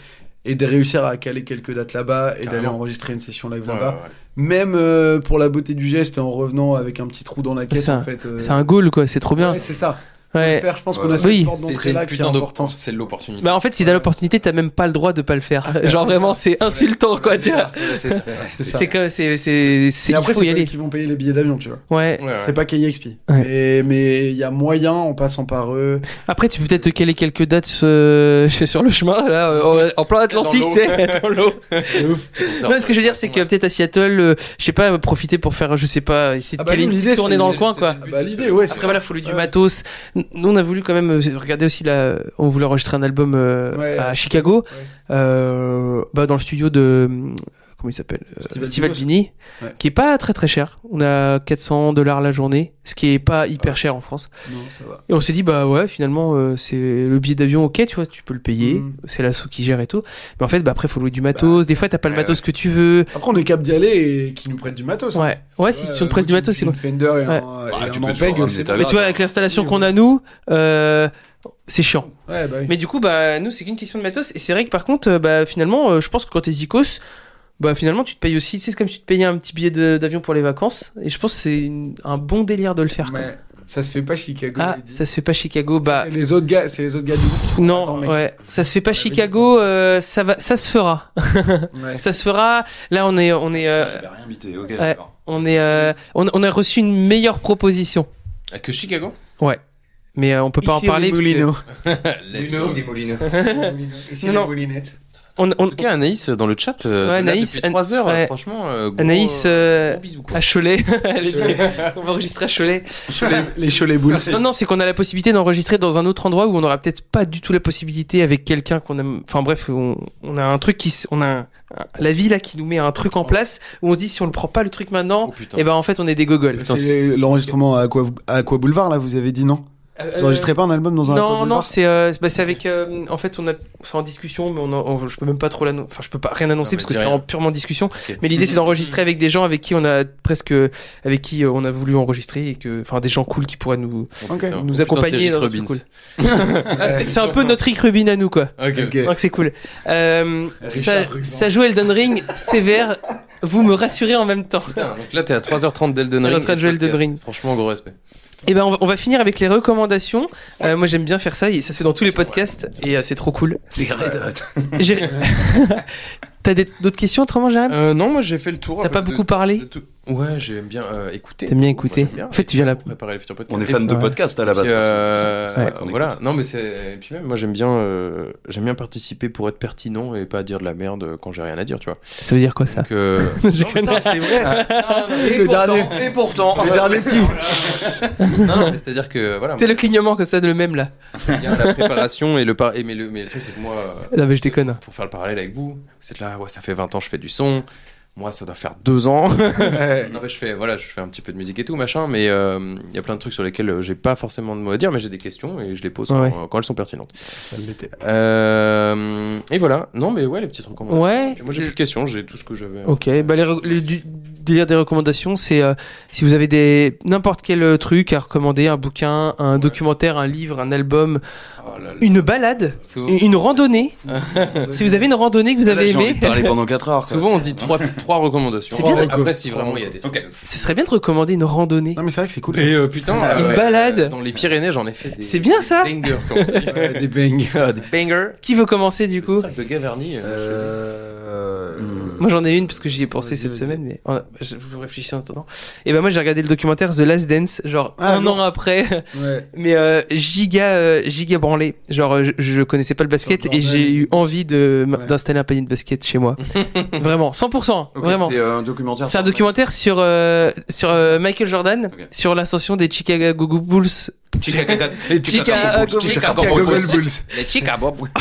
[SPEAKER 4] Et de réussir à caler quelques dates là-bas et d'aller
[SPEAKER 2] Carrément.
[SPEAKER 4] enregistrer une session live
[SPEAKER 2] Ouais,
[SPEAKER 4] là-bas.
[SPEAKER 2] ouais, ouais.
[SPEAKER 4] Même euh, pour la beauté du geste et en revenant avec un petit trou dans la caisse,
[SPEAKER 1] C'est un-
[SPEAKER 4] en fait. euh,
[SPEAKER 1] C'est un goal, quoi. C'est trop bien.
[SPEAKER 4] Ouais, c'est ça.
[SPEAKER 1] Ouais.
[SPEAKER 4] Faire, je pense
[SPEAKER 3] Ouais.
[SPEAKER 4] qu'on a cette
[SPEAKER 1] Oui.
[SPEAKER 4] porte
[SPEAKER 2] C'est- C'est
[SPEAKER 4] d'entrée
[SPEAKER 2] une
[SPEAKER 4] là qui est
[SPEAKER 2] putain
[SPEAKER 4] importante.
[SPEAKER 2] d'opportunité. C'est l'opportunité.
[SPEAKER 1] Bah en fait, si t'as l'opportunité, t'as même pas le droit de pas le faire. Genre vraiment, c'est insultant quoi, tu vois.
[SPEAKER 2] Ouais, c'est-
[SPEAKER 4] Ah, C'est ça.
[SPEAKER 1] C'est que c'est c'est c'est
[SPEAKER 4] Et
[SPEAKER 1] il
[SPEAKER 4] après,
[SPEAKER 1] faut
[SPEAKER 4] c'est
[SPEAKER 1] y
[SPEAKER 4] eux
[SPEAKER 1] aller.
[SPEAKER 4] qui vont payer les billets d'avion, tu vois.
[SPEAKER 1] Ouais.
[SPEAKER 2] ouais, ouais.
[SPEAKER 4] C'est pas KXP.
[SPEAKER 1] Ouais.
[SPEAKER 4] Mais- Mais il y a moyen en passant par eux.
[SPEAKER 1] Après, tu peux peut-être te caler quelques dates euh, sur le chemin là, euh, en plein Atlantique,
[SPEAKER 2] l'eau.
[SPEAKER 1] tu sais, dans l'eau.
[SPEAKER 2] Ça,
[SPEAKER 1] Non, ce que je veux dire, c'est que peut-être à Seattle, euh, je sais pas, profiter pour faire, je sais pas, essayer de
[SPEAKER 4] Ah bah,
[SPEAKER 1] caler
[SPEAKER 4] nous,
[SPEAKER 1] une petite
[SPEAKER 4] l'idée,
[SPEAKER 1] tournée
[SPEAKER 4] c'est-
[SPEAKER 1] dans le coin
[SPEAKER 2] c'est
[SPEAKER 1] quoi.
[SPEAKER 2] début
[SPEAKER 4] Bah,
[SPEAKER 2] de ce-
[SPEAKER 4] l'idée, ouais, c'est
[SPEAKER 1] Après voilà, faut lui du
[SPEAKER 4] Ouais.
[SPEAKER 1] matos. Nous on a voulu quand même euh, regarder aussi là, on voulait enregistrer un album euh,
[SPEAKER 4] Ouais.
[SPEAKER 1] à Chicago, euh, bah dans le studio de comment il s'appelle euh,
[SPEAKER 4] Steve
[SPEAKER 1] Steve
[SPEAKER 4] Albini.
[SPEAKER 1] Albini,
[SPEAKER 4] Ouais.
[SPEAKER 1] qui est pas très très cher. On a 400 dollars la journée, ce qui est pas hyper cher en France.
[SPEAKER 4] Non, ça va.
[SPEAKER 1] Et on s'est dit bah ouais finalement euh, c'est le billet d'avion ok tu vois tu peux le payer,
[SPEAKER 4] Mhm.
[SPEAKER 1] c'est l'assaut qui gère et tout. Mais en fait bah après faut louer du matos. Des fois t'as pas le
[SPEAKER 3] ouais,
[SPEAKER 1] matos que tu veux.
[SPEAKER 4] Après, on est cap d'y aller et qui nous prêtent du matos. hein.
[SPEAKER 1] Ouais ouais si
[SPEAKER 4] Ouais,
[SPEAKER 1] tu me presses
[SPEAKER 4] euh,
[SPEAKER 1] du matos c'est
[SPEAKER 4] une
[SPEAKER 1] quoi
[SPEAKER 4] Fender et
[SPEAKER 1] Ouais.
[SPEAKER 4] un,
[SPEAKER 3] Bah,
[SPEAKER 4] et
[SPEAKER 3] tu
[SPEAKER 4] un
[SPEAKER 3] peux
[SPEAKER 4] Ampeg,
[SPEAKER 3] toujours ramener
[SPEAKER 4] c'est
[SPEAKER 3] ta
[SPEAKER 4] pas-
[SPEAKER 1] Mais tu vois, avec l'installation qu'on a nous, euh, c'est chiant.
[SPEAKER 4] Ouais, bah oui.
[SPEAKER 1] Mais du coup, bah, nous, c'est qu'une question de matos. Et c'est vrai que par contre, euh, bah, finalement, euh, je pense que quand t'es Zikos, bah, finalement, tu te payes aussi. tu sais, C'est comme si tu te payais un petit billet de- d'avion pour les vacances. Et je pense que c'est une- un bon délire de le faire. quoi.
[SPEAKER 4] Ouais. Ça se fait pas Chicago.
[SPEAKER 1] Ah,
[SPEAKER 4] il dit.
[SPEAKER 1] ça se fait pas Chicago. Bah,
[SPEAKER 4] C'est les autres gars, c'est les autres gars du groupe.
[SPEAKER 1] non,
[SPEAKER 4] Attends, mec.
[SPEAKER 1] ouais. Ça se fait pas
[SPEAKER 4] dit
[SPEAKER 1] Chicago. euh, ça va, ça se fera.
[SPEAKER 4] Ouais.
[SPEAKER 1] Ça se fera. Là, on est, on est, euh,
[SPEAKER 3] J'avais rien invité, ok. d'accord.
[SPEAKER 1] on est, euh, on, on a reçu une meilleure proposition.
[SPEAKER 2] Ah, Que Chicago
[SPEAKER 1] Mais euh, on peut pas
[SPEAKER 4] Ici,
[SPEAKER 1] en parler.
[SPEAKER 4] les
[SPEAKER 1] parce que-
[SPEAKER 4] Moulineaux.
[SPEAKER 2] Let's go.
[SPEAKER 3] des Moulineaux.
[SPEAKER 4] Ici,
[SPEAKER 1] Non,
[SPEAKER 4] les
[SPEAKER 1] non.
[SPEAKER 4] Moulinettes.
[SPEAKER 1] On, on-
[SPEAKER 2] En tout cas, Anaïs euh, dans le chat, euh,
[SPEAKER 1] Ouais,
[SPEAKER 2] t'es là
[SPEAKER 1] Anaïs,
[SPEAKER 2] depuis
[SPEAKER 1] An-
[SPEAKER 2] 3 heures,
[SPEAKER 1] ouais.
[SPEAKER 2] franchement. euh, gros,
[SPEAKER 1] Anaïs
[SPEAKER 2] euh,
[SPEAKER 1] euh,
[SPEAKER 2] gros bisous, quoi.
[SPEAKER 1] à Cholet. Elle dit- on va enregistrer à Cholet.
[SPEAKER 4] Les Cholet Bulls.
[SPEAKER 1] Non, non, c'est qu'on a la possibilité d'enregistrer dans un autre endroit où on n'aura peut-être pas du tout la possibilité avec quelqu'un qu'on aime. Enfin bref, on, on a un truc qui, s- on a un- un- la vie là qui nous met un truc en place où on se dit si on le prend pas le truc
[SPEAKER 2] Oh
[SPEAKER 1] maintenant,
[SPEAKER 2] putain.
[SPEAKER 1] et ben en fait on est des gogoles.
[SPEAKER 2] Putain, c'est-
[SPEAKER 4] C'est l'enregistrement à Aqua, à Aqua Boulevard, là, vous avez dit non Vous enregistrez pas un album dans un Aqua
[SPEAKER 1] Euh, Non, non,
[SPEAKER 4] Boulevard
[SPEAKER 1] c'est euh, c'est- bah, c'est avec. euh, en fait, on a enfin, en discussion, mais on, en- on- je peux même pas trop l'annoncer. Enfin, je peux pas rien annoncer
[SPEAKER 2] Non, mais
[SPEAKER 1] parce que
[SPEAKER 2] dis
[SPEAKER 1] c'est
[SPEAKER 2] rien.
[SPEAKER 1] en purement discussion.
[SPEAKER 2] Ok.
[SPEAKER 1] Mais l'idée, c'est d'enregistrer avec des gens avec qui on a presque, avec qui euh, on a voulu enregistrer et que, enfin, des gens cool qui pourraient nous,
[SPEAKER 2] Oh, putain.
[SPEAKER 4] Ok.
[SPEAKER 1] nous
[SPEAKER 2] Oh, putain,
[SPEAKER 1] accompagner
[SPEAKER 2] c'est
[SPEAKER 1] dans un
[SPEAKER 2] Rick
[SPEAKER 1] truc
[SPEAKER 2] Rubin.
[SPEAKER 1] cool. Ah, c'est c'est un peu notre Rick Rubin à nous, quoi.
[SPEAKER 2] Ok.
[SPEAKER 4] Ok.
[SPEAKER 1] Je crois que c'est cool. Euh, ça,
[SPEAKER 4] Richard Ruban.
[SPEAKER 1] ça joue Elden Ring, sévère. Vous me rassurez en même temps.
[SPEAKER 2] Putain, donc là, t'es à 3h30 d'Elden
[SPEAKER 1] On est
[SPEAKER 2] Ring.
[SPEAKER 1] en train de jouer Elden
[SPEAKER 2] Podcast.
[SPEAKER 1] Ring.
[SPEAKER 2] Franchement, gros respect.
[SPEAKER 1] Et ben, on va, on va finir avec les recommandations. Euh, moi, j'aime bien faire ça et ça se fait dans tous les podcasts et euh, c'est trop cool. J'ai- T'as des- d'autres questions autrement, Jérémy
[SPEAKER 2] Euh, non, moi j'ai fait le tour.
[SPEAKER 1] T'as
[SPEAKER 2] avec
[SPEAKER 1] pas
[SPEAKER 2] de-
[SPEAKER 1] beaucoup parlé
[SPEAKER 2] de tout- Ouais, j'aime bien euh, écouter.
[SPEAKER 1] T'aimes bien écouter.
[SPEAKER 2] Ouais, j'aime bien.
[SPEAKER 1] En fait, tu viens là.
[SPEAKER 2] Préparer le futur podcast.
[SPEAKER 3] On est fan de
[SPEAKER 1] Ouais.
[SPEAKER 3] podcast à la
[SPEAKER 2] Et
[SPEAKER 3] base.
[SPEAKER 2] puis, euh,
[SPEAKER 3] C'est vrai qu'on
[SPEAKER 2] voilà. Non, mais c'est. Et puis même, moi, j'aime bien, euh, j'aime bien participer pour être pertinent et pas dire de la merde quand j'ai rien à dire, tu vois.
[SPEAKER 1] Ça veut dire quoi ça
[SPEAKER 2] Donc, euh,
[SPEAKER 1] Je
[SPEAKER 3] Non, mais
[SPEAKER 1] connais.
[SPEAKER 3] ça, c'est vrai.
[SPEAKER 4] Et
[SPEAKER 3] Et
[SPEAKER 4] pourtant-
[SPEAKER 3] pourtant, et pourtant.
[SPEAKER 4] Le dernier petit.
[SPEAKER 2] non, non, mais c'est-à-dire que voilà,
[SPEAKER 1] C'est le clignement comme ça de le même là.
[SPEAKER 2] il y a la préparation et le par... et mais le mais le truc c'est que moi, euh,
[SPEAKER 1] Non mais je déconne.
[SPEAKER 2] pour faire le parallèle avec vous, vous êtes là, ouais, ça fait 20 ans, je fais du son. Moi, ça doit faire deux ans. non, mais je fais, voilà, je fais un petit peu de musique et tout, machin, mais euh, il y a plein de trucs sur lesquels euh, j'ai pas forcément de mots à dire, mais j'ai des questions et je les pose quand, euh,
[SPEAKER 1] Ouais.
[SPEAKER 2] quand elles sont pertinentes.
[SPEAKER 4] Ça l'était.
[SPEAKER 2] Euh, et voilà. Non, mais ouais, les petites recommandations.
[SPEAKER 1] Ouais.
[SPEAKER 2] Puis moi, j'ai plus de questions, j'ai tout ce que j'avais.
[SPEAKER 1] Ok, bah les, re- les- du, délire des recommandations, c'est euh, si vous avez des n'importe quel euh, truc à recommander, un bouquin, un documentaire, un livre, un album,
[SPEAKER 2] Oh là là.
[SPEAKER 1] une balade,
[SPEAKER 2] Sou-
[SPEAKER 1] une, une randonnée. si vous avez une randonnée que vous avez
[SPEAKER 3] J'ai envie
[SPEAKER 1] aimée,
[SPEAKER 3] de parler pendant 4 heures. quoi.
[SPEAKER 2] Souvent, on dit trois, trois recommandations.
[SPEAKER 1] C'est bien.
[SPEAKER 2] Après, si vraiment il y a des trucs. de fou.
[SPEAKER 1] ce serait bien de recommander une randonnée.
[SPEAKER 4] Non, mais c'est vrai que c'est cool.
[SPEAKER 2] Et euh, putain,
[SPEAKER 1] Une
[SPEAKER 2] euh,
[SPEAKER 1] balade.
[SPEAKER 2] Dans les Pyrénées, j'en ai fait des.
[SPEAKER 1] C'est bien,
[SPEAKER 2] des
[SPEAKER 1] ça
[SPEAKER 2] Bangers, comme on dit.
[SPEAKER 4] Ouais, Des bangers.
[SPEAKER 2] Des bangers.
[SPEAKER 1] Qui veut commencer du
[SPEAKER 2] Le
[SPEAKER 1] coup
[SPEAKER 2] cirque de Gavarnie. euh,
[SPEAKER 5] Euh...
[SPEAKER 1] Moi j'en ai une parce que j'y ai pensé
[SPEAKER 4] Vas-y,
[SPEAKER 1] cette
[SPEAKER 4] vas-y.
[SPEAKER 1] semaine, mais euh, je- vous réfléchissez en attendant. Et ben moi j'ai regardé le documentaire The Last Dance, genre
[SPEAKER 4] Ah,
[SPEAKER 1] un
[SPEAKER 4] lourd.
[SPEAKER 1] an après.
[SPEAKER 4] Ouais.
[SPEAKER 1] Mais euh, giga, euh, giga branlé. Genre, euh, je, je connaissais pas le basket
[SPEAKER 4] Sur le
[SPEAKER 1] et j'ai
[SPEAKER 4] bordel.
[SPEAKER 1] eu envie de m-
[SPEAKER 4] Ouais.
[SPEAKER 1] d'installer un panier de basket chez moi. vraiment, 100%,
[SPEAKER 3] Ok,
[SPEAKER 1] vraiment.
[SPEAKER 3] C'est euh, un documentaire.
[SPEAKER 1] C'est un documentaire sur euh, sur euh, Michael Jordan,
[SPEAKER 3] Ok.
[SPEAKER 1] sur l'ascension des Chicago Bulls.
[SPEAKER 3] Chicago
[SPEAKER 1] Euh, Chicago-
[SPEAKER 3] Chicago Bulls.
[SPEAKER 2] Les Chicago Bulls.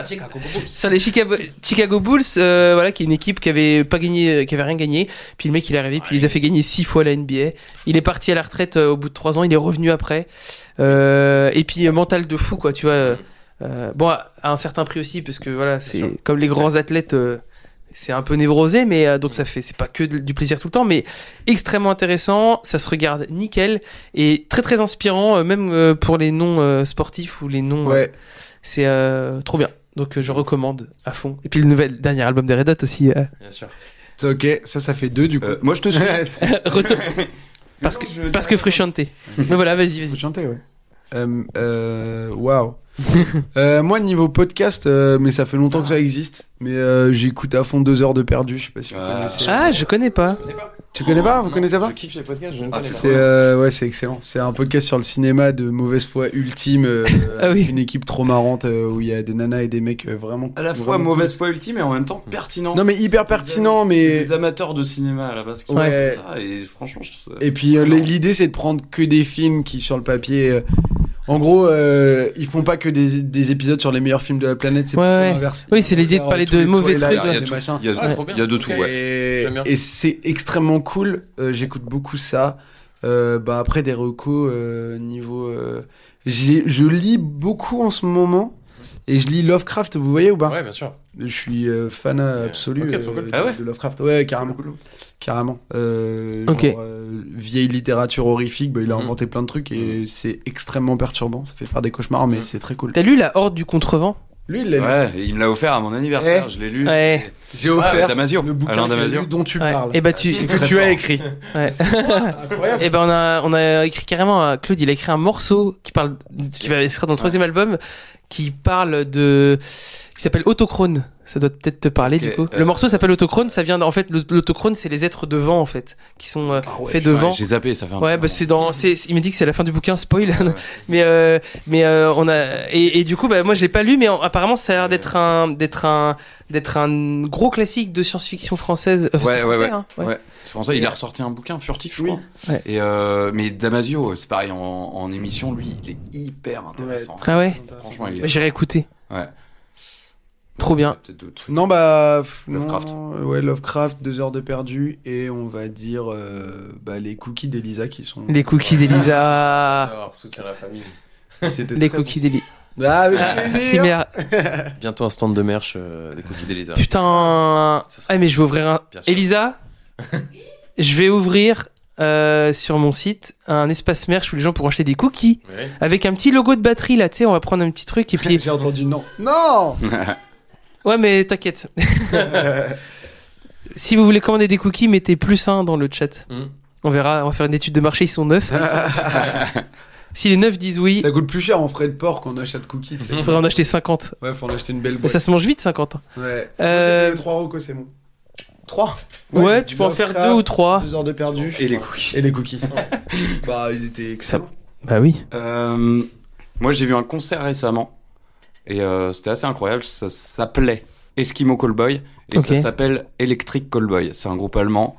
[SPEAKER 2] Les Chicago Bulls.
[SPEAKER 1] Sur les Chicago, Chicago Bulls, euh, voilà, qui est une équipe qui avait pas gagné, qui avait rien gagné. Puis le mec, il est arrivé, puis il les a fait gagner six fois la NBA. Il est parti à la retraite euh, au bout de trois ans, il est revenu après. Euh, et puis euh, mental de fou, quoi, tu vois. euh, euh, bon, à, à un certain prix aussi, parce que voilà, c'est
[SPEAKER 2] sûr.
[SPEAKER 1] comme les grands athlètes, euh, c'est un peu névrosé, mais euh, donc ça fait, c'est pas que de- du plaisir tout le temps, mais extrêmement intéressant. Ça se regarde nickel et très très inspirant, euh, même euh, pour les non euh, sportifs ou les non. euh,
[SPEAKER 4] Ouais.
[SPEAKER 1] c'est euh, trop bien. Donc euh, je recommande à fond. Et puis le nouvel dernier album des Red Hot aussi. euh,
[SPEAKER 2] Bien sûr.
[SPEAKER 4] C'est Ok, ça, ça fait deux du coup.
[SPEAKER 3] Euh, Moi, je te suis.
[SPEAKER 1] retour- parce que parce que Frusciante. Mais voilà, vas-y,
[SPEAKER 4] Faut
[SPEAKER 1] vas-y.
[SPEAKER 4] te chanter, ouais. Euh, euh, Waouh. Euh, moi, niveau podcast, euh, mais ça fait longtemps
[SPEAKER 1] Ah.
[SPEAKER 4] que ça existe. Mais euh, j'écoute à fond deux heures de perdu. Je sais pas si vous
[SPEAKER 3] Ah.
[SPEAKER 4] connaissez.
[SPEAKER 1] Ah, je connais pas.
[SPEAKER 4] Tu connais pas Vous connaissez pas
[SPEAKER 2] Je kiffe les podcasts, je ne
[SPEAKER 3] Ah,
[SPEAKER 2] connais
[SPEAKER 3] c'est-
[SPEAKER 1] bah.
[SPEAKER 4] C'est euh, ouais, c'est excellent. C'est un podcast sur le cinéma de mauvaise foi ultime. euh,
[SPEAKER 1] Ah
[SPEAKER 4] avec
[SPEAKER 1] oui.
[SPEAKER 4] Une équipe trop marrante euh, où il y a des nanas et des mecs euh, vraiment.
[SPEAKER 3] À la fois
[SPEAKER 4] vraiment
[SPEAKER 3] mauvaise foi ultime et en même temps pertinent.
[SPEAKER 4] Non mais hyper
[SPEAKER 3] C'est des
[SPEAKER 4] pertinent,
[SPEAKER 3] am- C'est
[SPEAKER 4] mais
[SPEAKER 3] des amateurs de cinéma à la base qui
[SPEAKER 4] Ouais.
[SPEAKER 3] font ça. Et franchement, je trouve ça.
[SPEAKER 4] et puis euh, l'idée c'est de prendre que des films qui sur le papier. euh, En gros, euh, ils font pas que des, des épisodes sur les meilleurs films de la planète. C'est
[SPEAKER 1] Ouais,
[SPEAKER 4] plutôt
[SPEAKER 1] ouais.
[SPEAKER 4] l'inverse.
[SPEAKER 1] Oui,
[SPEAKER 4] Ils
[SPEAKER 1] c'est
[SPEAKER 4] vont
[SPEAKER 1] l'idée de
[SPEAKER 4] faire,
[SPEAKER 1] parler
[SPEAKER 4] euh,
[SPEAKER 1] de
[SPEAKER 4] tous les
[SPEAKER 1] mauvais
[SPEAKER 4] toiles,
[SPEAKER 1] trucs.
[SPEAKER 4] des
[SPEAKER 3] Il y a tout.
[SPEAKER 4] machins.
[SPEAKER 3] Il y a,
[SPEAKER 2] Ah, trop bien.
[SPEAKER 3] il y a de tout,
[SPEAKER 2] Ok.
[SPEAKER 3] ouais.
[SPEAKER 4] Et,
[SPEAKER 2] J'aime bien.
[SPEAKER 4] et c'est extrêmement cool. Euh, J'écoute beaucoup ça. Euh, bah après des recos euh, niveau, euh, j'ai- je lis beaucoup en ce moment. Et je lis Lovecraft, vous voyez ou pas
[SPEAKER 2] Ouais, bien sûr.
[SPEAKER 4] Je suis euh, fan
[SPEAKER 2] C'est-
[SPEAKER 4] absolu
[SPEAKER 2] ok, trop
[SPEAKER 4] euh,
[SPEAKER 2] cool.
[SPEAKER 4] de,
[SPEAKER 2] Ah ouais
[SPEAKER 4] de Lovecraft. Ouais, carrément. Carrément. Euh,
[SPEAKER 1] Ok.
[SPEAKER 4] genre, euh, vieille littérature horrifique, bah, il a
[SPEAKER 2] Mhm.
[SPEAKER 4] inventé plein de trucs et c'est extrêmement perturbant. Ça fait faire des cauchemars, mais
[SPEAKER 2] Mhm.
[SPEAKER 4] c'est très cool.
[SPEAKER 1] T'as lu La Horde du Contrevent
[SPEAKER 4] Lui, il l'a lu.
[SPEAKER 3] Ouais, et il me l'a offert à mon anniversaire, je l'ai lu.
[SPEAKER 1] Ouais.
[SPEAKER 4] J'ai
[SPEAKER 3] Ah,
[SPEAKER 4] offert
[SPEAKER 3] Damasio,
[SPEAKER 4] le bouquin
[SPEAKER 3] Alain
[SPEAKER 4] qu'il a
[SPEAKER 3] Damasio.
[SPEAKER 4] lu dont tu
[SPEAKER 1] Ouais.
[SPEAKER 4] parles.
[SPEAKER 1] Et bah tu,
[SPEAKER 3] très fort.
[SPEAKER 1] écrit. Ouais.
[SPEAKER 4] Incroyable.
[SPEAKER 1] Et ben on a, on a écrit carrément euh, Claude, il a écrit un morceau qui parle, qui va sera dans le troisième album, qui parle de, qui s'appelle Autochrone. Ça doit peut-être te parler
[SPEAKER 3] Ok,
[SPEAKER 1] du coup.
[SPEAKER 3] euh,
[SPEAKER 1] Le morceau s'appelle Autochrone, ça vient d- en fait le- l'autochrone c'est les êtres de vent en fait, qui sont euh,
[SPEAKER 4] Ah ouais,
[SPEAKER 1] faits de
[SPEAKER 3] Putain,
[SPEAKER 1] vent.
[SPEAKER 3] J'ai zappé, ça fait un
[SPEAKER 1] Ouais, bah
[SPEAKER 3] petit
[SPEAKER 1] c'est dans, c'est, c'est- il me dit que c'est la fin du bouquin, spoil.
[SPEAKER 3] moment.
[SPEAKER 1] mais euh, mais euh, on a et, et du coup bah moi je l'ai pas lu, mais en- apparemment ça a l'air d'être un d'être un d'être un gros classique de science-fiction française. Enfin,
[SPEAKER 3] Ouais,
[SPEAKER 1] c'est
[SPEAKER 3] ouais,
[SPEAKER 1] français, hein,
[SPEAKER 3] Ouais. Ouais. C'est Français, il a ressorti un bouquin furtif, je
[SPEAKER 4] Oui.
[SPEAKER 3] crois.
[SPEAKER 1] Ouais.
[SPEAKER 3] Et euh, mais Damasio, c'est pareil en, en émission, lui, il est hyper intéressant.
[SPEAKER 1] Ah ouais.
[SPEAKER 3] Franchement, il est.
[SPEAKER 1] Bah, J'irai écouter.
[SPEAKER 3] Ouais.
[SPEAKER 1] Trop bien.
[SPEAKER 3] Peut-être d'autres trucs.
[SPEAKER 4] Non, bah. pff, non,
[SPEAKER 3] Lovecraft.
[SPEAKER 4] non, euh, ouais, Lovecraft, deux heures de perdu, et on va dire euh, bah, les cookies d'Elisa qui sont.
[SPEAKER 1] Les cookies d'Elisa.
[SPEAKER 2] Alors, soutien à la famille.
[SPEAKER 4] C'était
[SPEAKER 1] Les
[SPEAKER 4] très bon.
[SPEAKER 1] cookies d'Elisa.
[SPEAKER 4] Ah, avec
[SPEAKER 1] Ah,
[SPEAKER 4] plaisir.
[SPEAKER 1] si, merde.
[SPEAKER 2] Bientôt un stand de merch euh, des cookies d'Elisa.
[SPEAKER 1] Putain.
[SPEAKER 2] Ça sera-
[SPEAKER 1] Ah, mais je vais ouvrir un.
[SPEAKER 2] Bien sûr.
[SPEAKER 1] Elisa, je vais ouvrir euh, sur mon site un espace merch où les gens pourront acheter des cookies
[SPEAKER 2] Ouais.
[SPEAKER 1] avec un petit logo de batterie là. Tu sais, on va prendre un petit truc et puis.
[SPEAKER 4] J'ai entendu non. Non
[SPEAKER 1] Ouais, mais t'inquiète. si vous voulez commander des cookies, mettez plus un dans le chat.
[SPEAKER 3] Hmm.
[SPEAKER 2] Mm.
[SPEAKER 1] On verra. On va faire une étude de marché. Ils sont neufs. si les neufs disent oui,
[SPEAKER 4] Ça coûte plus cher en frais de port qu'on achète cookies. tu sais.
[SPEAKER 1] il faudra en acheter 50.
[SPEAKER 4] Ouais, faut en acheter une belle
[SPEAKER 1] Mais
[SPEAKER 4] boîte.
[SPEAKER 1] ça se mange vite 50.
[SPEAKER 4] Ouais.
[SPEAKER 1] Euh,
[SPEAKER 4] J'ai fait 3 euros, c'est bon. 3
[SPEAKER 1] Ouais, tu peux en faire deux ou trois.
[SPEAKER 4] Deux heures de perdu.
[SPEAKER 3] Et les cookies.
[SPEAKER 4] Et les cookies. bah, ils étaient excellents.
[SPEAKER 1] Bah oui.
[SPEAKER 3] Euh, moi, j'ai vu un concert récemment et euh, c'était assez incroyable. Ça s'appelait Eskimo Callboy et
[SPEAKER 1] Ok.
[SPEAKER 3] ça s'appelle Electric Callboy. C'est un groupe allemand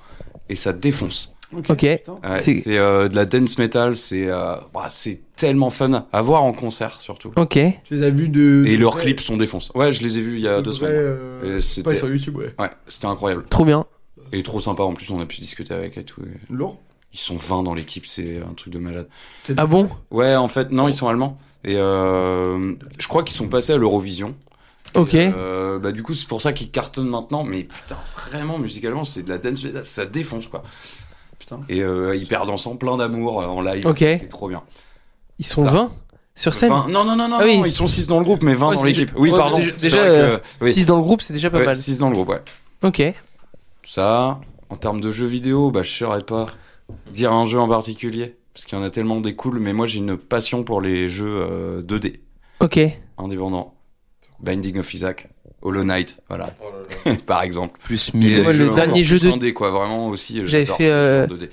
[SPEAKER 3] et ça défonce.
[SPEAKER 1] Ok.
[SPEAKER 4] putain.
[SPEAKER 3] Ouais,
[SPEAKER 1] C'est-
[SPEAKER 3] c'est euh, de la dance metal, c'est euh, bah, c'est tellement fun à voir en concert surtout.
[SPEAKER 1] Ok.
[SPEAKER 4] Tu les as vus de.
[SPEAKER 3] Et leurs
[SPEAKER 4] de-
[SPEAKER 3] clips sont défoncés. Ouais, je les ai vus il y a
[SPEAKER 4] de
[SPEAKER 3] deux
[SPEAKER 4] vrai,
[SPEAKER 3] semaines.
[SPEAKER 4] euh,
[SPEAKER 3] Et c'était-
[SPEAKER 4] Pas sur YouTube, ouais.
[SPEAKER 3] Ouais, c'était incroyable.
[SPEAKER 1] Trop bien.
[SPEAKER 3] Et trop sympa en plus, on a pu discuter avec et tout. Et
[SPEAKER 4] Lourd.
[SPEAKER 3] Ils sont 20 dans l'équipe, c'est un truc de malade.
[SPEAKER 1] Ah bon
[SPEAKER 3] Ouais, en fait, non, ils sont allemands. Et euh, je crois qu'ils sont passés à l'Eurovision.
[SPEAKER 1] Ok.
[SPEAKER 3] Et, euh, bah, du coup, c'est pour ça qu'ils cartonnent maintenant. Mais putain, vraiment, musicalement, c'est de la dance metal, ça défonce quoi.
[SPEAKER 4] Putain.
[SPEAKER 3] Et euh, hyper dansant, plein d'amour euh, en live.
[SPEAKER 1] Ok.
[SPEAKER 3] C'est trop bien.
[SPEAKER 1] Ils sont
[SPEAKER 3] Ça.
[SPEAKER 1] 20 sur scène.
[SPEAKER 3] Vingt- Non, non, non, non,
[SPEAKER 1] Ah oui.
[SPEAKER 3] non, ils sont 6 dans le groupe, mais 20
[SPEAKER 1] Ouais,
[SPEAKER 3] dans
[SPEAKER 1] c'est-
[SPEAKER 3] l'équipe. Oui,
[SPEAKER 1] ouais,
[SPEAKER 3] pardon.
[SPEAKER 1] déjà-
[SPEAKER 3] C'est
[SPEAKER 1] déjà,
[SPEAKER 3] vrai
[SPEAKER 1] euh,
[SPEAKER 3] que- oui.
[SPEAKER 1] 6 dans le groupe, c'est déjà pas
[SPEAKER 3] Ouais,
[SPEAKER 1] mal.
[SPEAKER 3] six dans le groupe, ouais.
[SPEAKER 1] Ok.
[SPEAKER 3] Ça, en termes de jeux vidéo, bah, je saurais pas dire un jeu en particulier, parce qu'il y en a tellement des cools, mais moi j'ai une passion pour les jeux euh, 2D,
[SPEAKER 1] Ok.
[SPEAKER 3] indépendants. Binding of Isaac, Hollow Knight, voilà,
[SPEAKER 2] Oh là là.
[SPEAKER 3] par exemple.
[SPEAKER 2] Plus
[SPEAKER 3] Et
[SPEAKER 1] moi,
[SPEAKER 3] les
[SPEAKER 1] le
[SPEAKER 3] jeux
[SPEAKER 1] dernier
[SPEAKER 3] encore
[SPEAKER 1] jeu
[SPEAKER 3] plus
[SPEAKER 1] de-
[SPEAKER 3] 2D, quoi, vraiment aussi. euh,
[SPEAKER 1] J'avais
[SPEAKER 3] j'adore
[SPEAKER 1] fait,
[SPEAKER 3] les jeux
[SPEAKER 1] euh,
[SPEAKER 3] en 2D.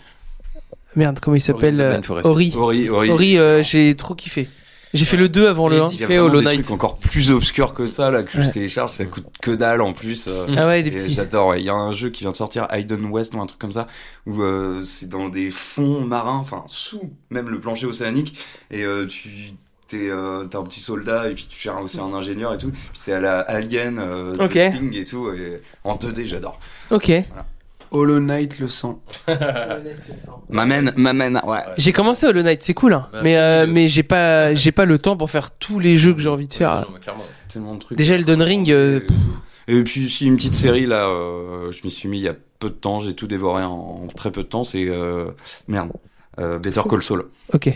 [SPEAKER 1] Merde, comment il s'appelle
[SPEAKER 2] Oriental
[SPEAKER 1] euh,
[SPEAKER 2] Man Forest.
[SPEAKER 1] Ori.
[SPEAKER 3] Ori, Ori.
[SPEAKER 1] Ori, euh, j'ai trop kiffé. J'ai fait le 2 avant le 1.
[SPEAKER 3] Il y a
[SPEAKER 2] fait
[SPEAKER 3] vraiment
[SPEAKER 2] Hollow
[SPEAKER 3] des
[SPEAKER 2] Knight.
[SPEAKER 3] trucs encore plus obscurs que ça, là, que je
[SPEAKER 1] Ouais.
[SPEAKER 3] télécharge, ça coûte que dalle en plus. euh,
[SPEAKER 1] Ah ouais, des
[SPEAKER 3] Et
[SPEAKER 1] petits.
[SPEAKER 3] J'adore, ouais. il y a un jeu qui vient de sortir, Hayden West ou un truc comme ça, où euh, c'est dans des fonds marins, enfin sous même le plancher océanique, et euh, tu t'es euh, t'es un petit soldat, et puis tu cherches aussi un ingénieur et tout, puis c'est à la Alien, euh, de
[SPEAKER 1] Ok.
[SPEAKER 3] Sting et tout, et en 2D j'adore.
[SPEAKER 1] Ok.
[SPEAKER 4] Hollow Knight le sang.
[SPEAKER 3] M'amène, m'amène, ouais.
[SPEAKER 1] J'ai commencé Hollow Knight, c'est cool, hein.
[SPEAKER 2] Bah,
[SPEAKER 1] mais euh,
[SPEAKER 2] c'est-
[SPEAKER 1] mais j'ai pas j'ai pas le temps pour faire tous les jeux que j'ai envie de faire.
[SPEAKER 2] Non, mais clairement.
[SPEAKER 3] Tellement de trucs.
[SPEAKER 1] Déjà Elden Ring, euh,
[SPEAKER 3] Et puis si une petite série là, euh, je m'y suis mis il y a peu de temps, j'ai tout dévoré en, en très peu de temps, c'est euh, merde, euh, Better Call Saul.
[SPEAKER 1] ok.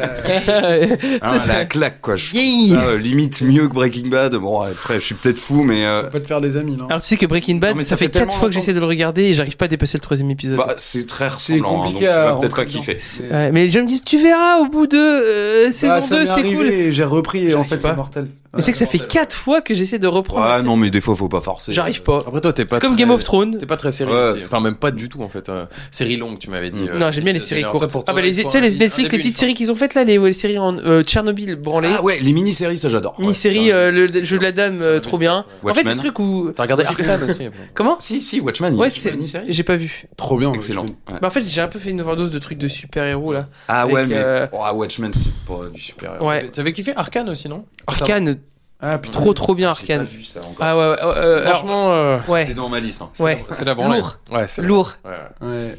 [SPEAKER 3] Hein,
[SPEAKER 1] Ça,
[SPEAKER 3] la
[SPEAKER 1] c'est-
[SPEAKER 3] claque quoi, je
[SPEAKER 1] Yeah.
[SPEAKER 3] Ah, euh, limite mieux que Breaking Bad. Bon, après, je suis peut-être fou, mais euh,
[SPEAKER 4] Faut pas te faire des amis, là.
[SPEAKER 1] Alors tu sais que Breaking Bad,
[SPEAKER 3] Non, mais
[SPEAKER 1] ça,
[SPEAKER 3] ça
[SPEAKER 1] fait
[SPEAKER 3] fait
[SPEAKER 1] 4
[SPEAKER 3] tellement
[SPEAKER 1] fois que
[SPEAKER 3] longtemps.
[SPEAKER 1] j'essaie de le regarder et j'arrive pas à dépasser le troisième épisode.
[SPEAKER 3] bah, c'est très
[SPEAKER 4] C'est
[SPEAKER 3] ressemblant. hein, donc
[SPEAKER 4] compliqué
[SPEAKER 3] tu vas
[SPEAKER 4] à.
[SPEAKER 3] peut-être pas
[SPEAKER 4] rentrer
[SPEAKER 3] kiffer.
[SPEAKER 4] dedans.
[SPEAKER 1] Ouais, mais les gens me disent tu verras au bout de euh,
[SPEAKER 4] Bah,
[SPEAKER 1] saison
[SPEAKER 4] ça
[SPEAKER 1] 2,
[SPEAKER 4] m'est
[SPEAKER 1] c'est
[SPEAKER 4] arrivé
[SPEAKER 1] cool.
[SPEAKER 4] et J'ai repris et en
[SPEAKER 1] J'arrive
[SPEAKER 4] fait,
[SPEAKER 1] pas.
[SPEAKER 4] c'est mortel.
[SPEAKER 1] Mais c'est que ça fait 4 fois que j'essaie de reprendre.
[SPEAKER 3] Ouais, non, mais des fois, faut pas forcer.
[SPEAKER 1] J'arrive pas.
[SPEAKER 2] Après, toi, t'es pas.
[SPEAKER 1] C'est comme
[SPEAKER 2] très-
[SPEAKER 1] Game of Thrones.
[SPEAKER 2] T'es pas très série.
[SPEAKER 3] Ouais.
[SPEAKER 2] aussi. Enfin, même pas du tout, en fait. euh, série longue, tu m'avais dit.
[SPEAKER 3] Mm.
[SPEAKER 2] euh,
[SPEAKER 1] Non, j'aime bien les
[SPEAKER 2] c'est-
[SPEAKER 1] séries
[SPEAKER 2] alors, toi,
[SPEAKER 1] courtes.
[SPEAKER 2] pour
[SPEAKER 1] Ah
[SPEAKER 2] toi,
[SPEAKER 1] bah les,
[SPEAKER 2] il faut
[SPEAKER 1] tu sais,
[SPEAKER 2] un-
[SPEAKER 1] les
[SPEAKER 2] un
[SPEAKER 1] Netflix, les
[SPEAKER 2] début,
[SPEAKER 1] petites
[SPEAKER 2] une
[SPEAKER 1] séries qu'ils ont faites là, les, les séries en euh, Tchernobyl, branlé,
[SPEAKER 3] Ah ouais, les mini-séries, ça j'adore. Ouais,
[SPEAKER 1] mini-série,
[SPEAKER 3] ça,
[SPEAKER 1] euh, le, le jeu de la dame, euh,
[SPEAKER 2] Tchernobyl,
[SPEAKER 1] trop
[SPEAKER 2] c'est-
[SPEAKER 1] bien.
[SPEAKER 2] ouais.
[SPEAKER 1] En fait,
[SPEAKER 3] Watchmen.
[SPEAKER 1] le truc où
[SPEAKER 2] T'as regardé Arkane aussi. après.
[SPEAKER 1] comment
[SPEAKER 3] Si, si, Watchmen, il y a
[SPEAKER 1] Ouais,
[SPEAKER 3] une
[SPEAKER 1] c'est
[SPEAKER 3] mini-série.
[SPEAKER 1] j'ai pas vu.
[SPEAKER 4] Trop bien.
[SPEAKER 3] Excellent. Ouais.
[SPEAKER 1] Bah en fait, j'ai un peu fait une overdose de trucs de super-héros là.
[SPEAKER 3] Ah ouais,
[SPEAKER 1] Avec,
[SPEAKER 3] mais
[SPEAKER 1] euh,
[SPEAKER 3] oh, ah, Watchmen, c'est pour euh, du supérieur.
[SPEAKER 1] Ouais.
[SPEAKER 2] T'avais kiffé Arkane aussi, non
[SPEAKER 1] Arcane,
[SPEAKER 4] Ah, putain.
[SPEAKER 1] trop trop bien
[SPEAKER 3] J'ai pas
[SPEAKER 1] Arcane.
[SPEAKER 3] vu ça encore.
[SPEAKER 1] Ah ouais, ouais, euh, euh, alors,
[SPEAKER 2] Franchement, euh,
[SPEAKER 1] ouais,
[SPEAKER 3] C'est dans ma liste. hein.
[SPEAKER 1] ouais,
[SPEAKER 2] c'est la branlée.
[SPEAKER 1] Lourd.
[SPEAKER 2] Ouais, c'est
[SPEAKER 1] lourd.
[SPEAKER 2] Ouais, ouais.
[SPEAKER 4] Ouais.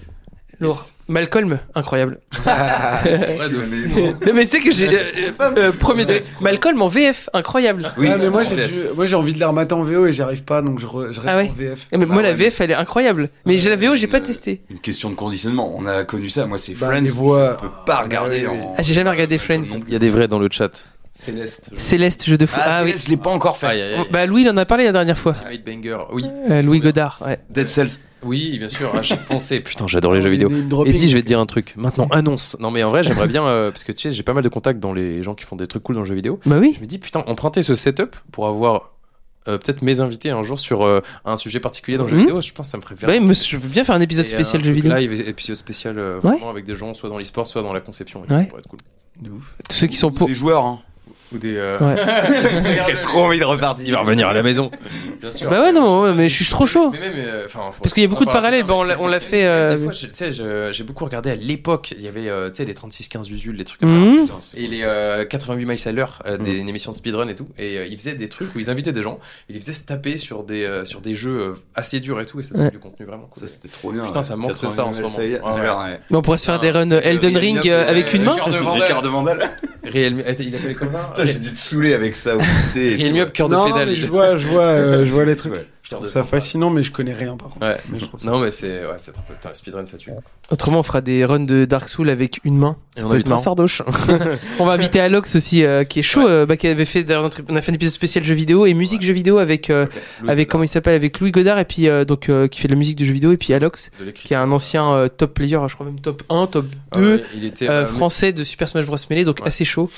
[SPEAKER 1] Lourd. Malcolm, incroyable.
[SPEAKER 2] Ouais, de-
[SPEAKER 1] non, mais c'est que j'ai. euh, euh, premier degré. Malcolm en VF, incroyable.
[SPEAKER 3] Oui,
[SPEAKER 4] Ah, mais moi
[SPEAKER 3] en
[SPEAKER 4] j'ai
[SPEAKER 3] fait.
[SPEAKER 4] dû- moi, j'ai envie de la remater en VO et j'y arrive pas donc je, re- je reste
[SPEAKER 1] Ah ouais
[SPEAKER 4] en VF.
[SPEAKER 1] Eh, mais moi,
[SPEAKER 3] Ah
[SPEAKER 1] la
[SPEAKER 3] ouais,
[SPEAKER 1] VF, elle est incroyable. Mais j'ai la VO, j'ai pas
[SPEAKER 3] Euh,
[SPEAKER 1] testé.
[SPEAKER 3] Une question de conditionnement. On a connu ça. Moi, c'est
[SPEAKER 4] Bah,
[SPEAKER 3] Friends.
[SPEAKER 4] les voix-
[SPEAKER 3] Je peux pas regarder
[SPEAKER 4] oui, oui.
[SPEAKER 3] en.
[SPEAKER 1] Ah, j'ai jamais regardé Friends.
[SPEAKER 3] Non plus.
[SPEAKER 7] Il y a des vrais dans le chat.
[SPEAKER 2] Céleste.
[SPEAKER 1] Céleste, jeu de fou.
[SPEAKER 3] Ah,
[SPEAKER 1] Ah, oui.
[SPEAKER 3] Céleste, je l'ai pas encore fait.
[SPEAKER 2] Aïe, aïe, aïe.
[SPEAKER 1] Bah, Louis, il en a parlé la dernière fois.
[SPEAKER 2] Ultimate Banger. Oui,
[SPEAKER 1] Euh, Louis Godard, ouais.
[SPEAKER 3] Dead Cells.
[SPEAKER 2] oui, bien sûr. Ah, J'y pensais. Putain,
[SPEAKER 7] Putain, j'adore les jeux vidéo.
[SPEAKER 4] Name dropping.
[SPEAKER 7] Et dis, je vais te dire un truc. Maintenant, annonce. Non, mais en vrai, j'aimerais bien. euh, parce que tu sais, j'ai pas mal de contacts dans les gens qui font des trucs cool dans le jeu vidéo.
[SPEAKER 1] Bah oui.
[SPEAKER 7] Je me dis, putain, emprunter ce setup pour avoir euh, peut-être mes invités un jour sur euh, un sujet particulier dans le jeu
[SPEAKER 1] Mhm.
[SPEAKER 7] vidéo, je pense que ça me ferait
[SPEAKER 1] Bah oui, mais je veux bien faire un épisode
[SPEAKER 2] Et
[SPEAKER 1] spécial
[SPEAKER 2] un
[SPEAKER 1] jeu
[SPEAKER 2] truc
[SPEAKER 1] vidéo.
[SPEAKER 2] Live, et- épisode spécial euh,
[SPEAKER 1] Ouais.
[SPEAKER 2] vraiment avec des gens, soit dans l'e-sport, soit dans la conception. et tout,
[SPEAKER 1] Ouais.
[SPEAKER 2] ça pourrait être cool.
[SPEAKER 1] Tous ceux qui sont pour.
[SPEAKER 3] Des joueurs, hein.
[SPEAKER 2] Ou des. euh,
[SPEAKER 1] Ouais.
[SPEAKER 3] J'ai trop envie de repartir.
[SPEAKER 7] revenir à la maison.
[SPEAKER 2] Bien sûr.
[SPEAKER 1] Bah ouais, non, ouais, mais je suis trop chaud.
[SPEAKER 2] Mais même, euh, enfin, faut-
[SPEAKER 1] Parce qu'il y a beaucoup de
[SPEAKER 2] enfin,
[SPEAKER 1] parallèles,
[SPEAKER 2] putain,
[SPEAKER 1] bah, on l'a-
[SPEAKER 2] mais-
[SPEAKER 1] on l'a
[SPEAKER 2] mais-
[SPEAKER 1] fait,
[SPEAKER 2] mais
[SPEAKER 1] euh,
[SPEAKER 2] Des fois, je- tu sais, je- j'ai beaucoup regardé à l'époque. Il y avait, euh, tu sais, les 36-15 usules, les trucs comme ça.
[SPEAKER 1] Mhm.
[SPEAKER 2] Et les euh, 88 miles à l'heure, euh, des une émission de speedrun et tout. Et euh, ils faisaient des trucs où ils invitaient des gens, et ils faisaient se taper sur des, euh, sur des jeux euh, assez durs et tout, et ça donnait
[SPEAKER 1] Ouais.
[SPEAKER 2] du contenu vraiment cool.
[SPEAKER 3] Ça, c'était trop bien.
[SPEAKER 2] Putain, ça me manque de ça en ce moment.
[SPEAKER 3] Ça y est.
[SPEAKER 2] Ouais, ouais.
[SPEAKER 3] Alors, ouais.
[SPEAKER 1] Mais on pourrait se faire des runs Elden Ring euh, avec une main.
[SPEAKER 3] Cœur de
[SPEAKER 2] Des
[SPEAKER 3] vandale.
[SPEAKER 2] cœurs
[SPEAKER 3] vandale.
[SPEAKER 2] Réel, attends, il appelait comment
[SPEAKER 3] Putain, j'ai dû te saouler avec ça. au lycée et
[SPEAKER 2] Réel
[SPEAKER 3] tout.
[SPEAKER 2] Miop, cœur de
[SPEAKER 4] Non,
[SPEAKER 2] pédale.
[SPEAKER 4] mais je vois, je vois, euh, je vois les trucs.
[SPEAKER 3] Ouais.
[SPEAKER 4] Je trouve ça fascinant, mais je connais rien par contre.
[SPEAKER 2] Ouais.
[SPEAKER 4] Mais je trouve ça-
[SPEAKER 2] Non, mais c'est. Ouais, c'est trop. Putain, le speedrun, ça tue.
[SPEAKER 1] Autrement, on fera des runs de Dark Souls avec une main.
[SPEAKER 7] Et
[SPEAKER 1] Ça
[SPEAKER 7] on
[SPEAKER 1] peut
[SPEAKER 7] invite
[SPEAKER 1] être
[SPEAKER 7] un
[SPEAKER 1] marrant.
[SPEAKER 7] sardoche.
[SPEAKER 1] On va inviter Alox aussi, euh, qui est chaud, euh, bah, qui avait fait, d'ailleurs, notre- on a fait un épisode spécial jeux vidéo et musique jeux vidéo avec, euh, avec comment il s'appelle, avec Louis Godard et puis euh, donc euh, qui fait de la musique de jeux vidéo et puis Alox,
[SPEAKER 2] De l'écrit.
[SPEAKER 1] qui est un ancien euh, top player, je crois même top 1, top 2
[SPEAKER 7] Ah
[SPEAKER 2] Euh, il était
[SPEAKER 1] euh,
[SPEAKER 2] euh,
[SPEAKER 1] français de Super Smash Bros Melee, donc
[SPEAKER 2] Ouais.
[SPEAKER 1] assez chaud.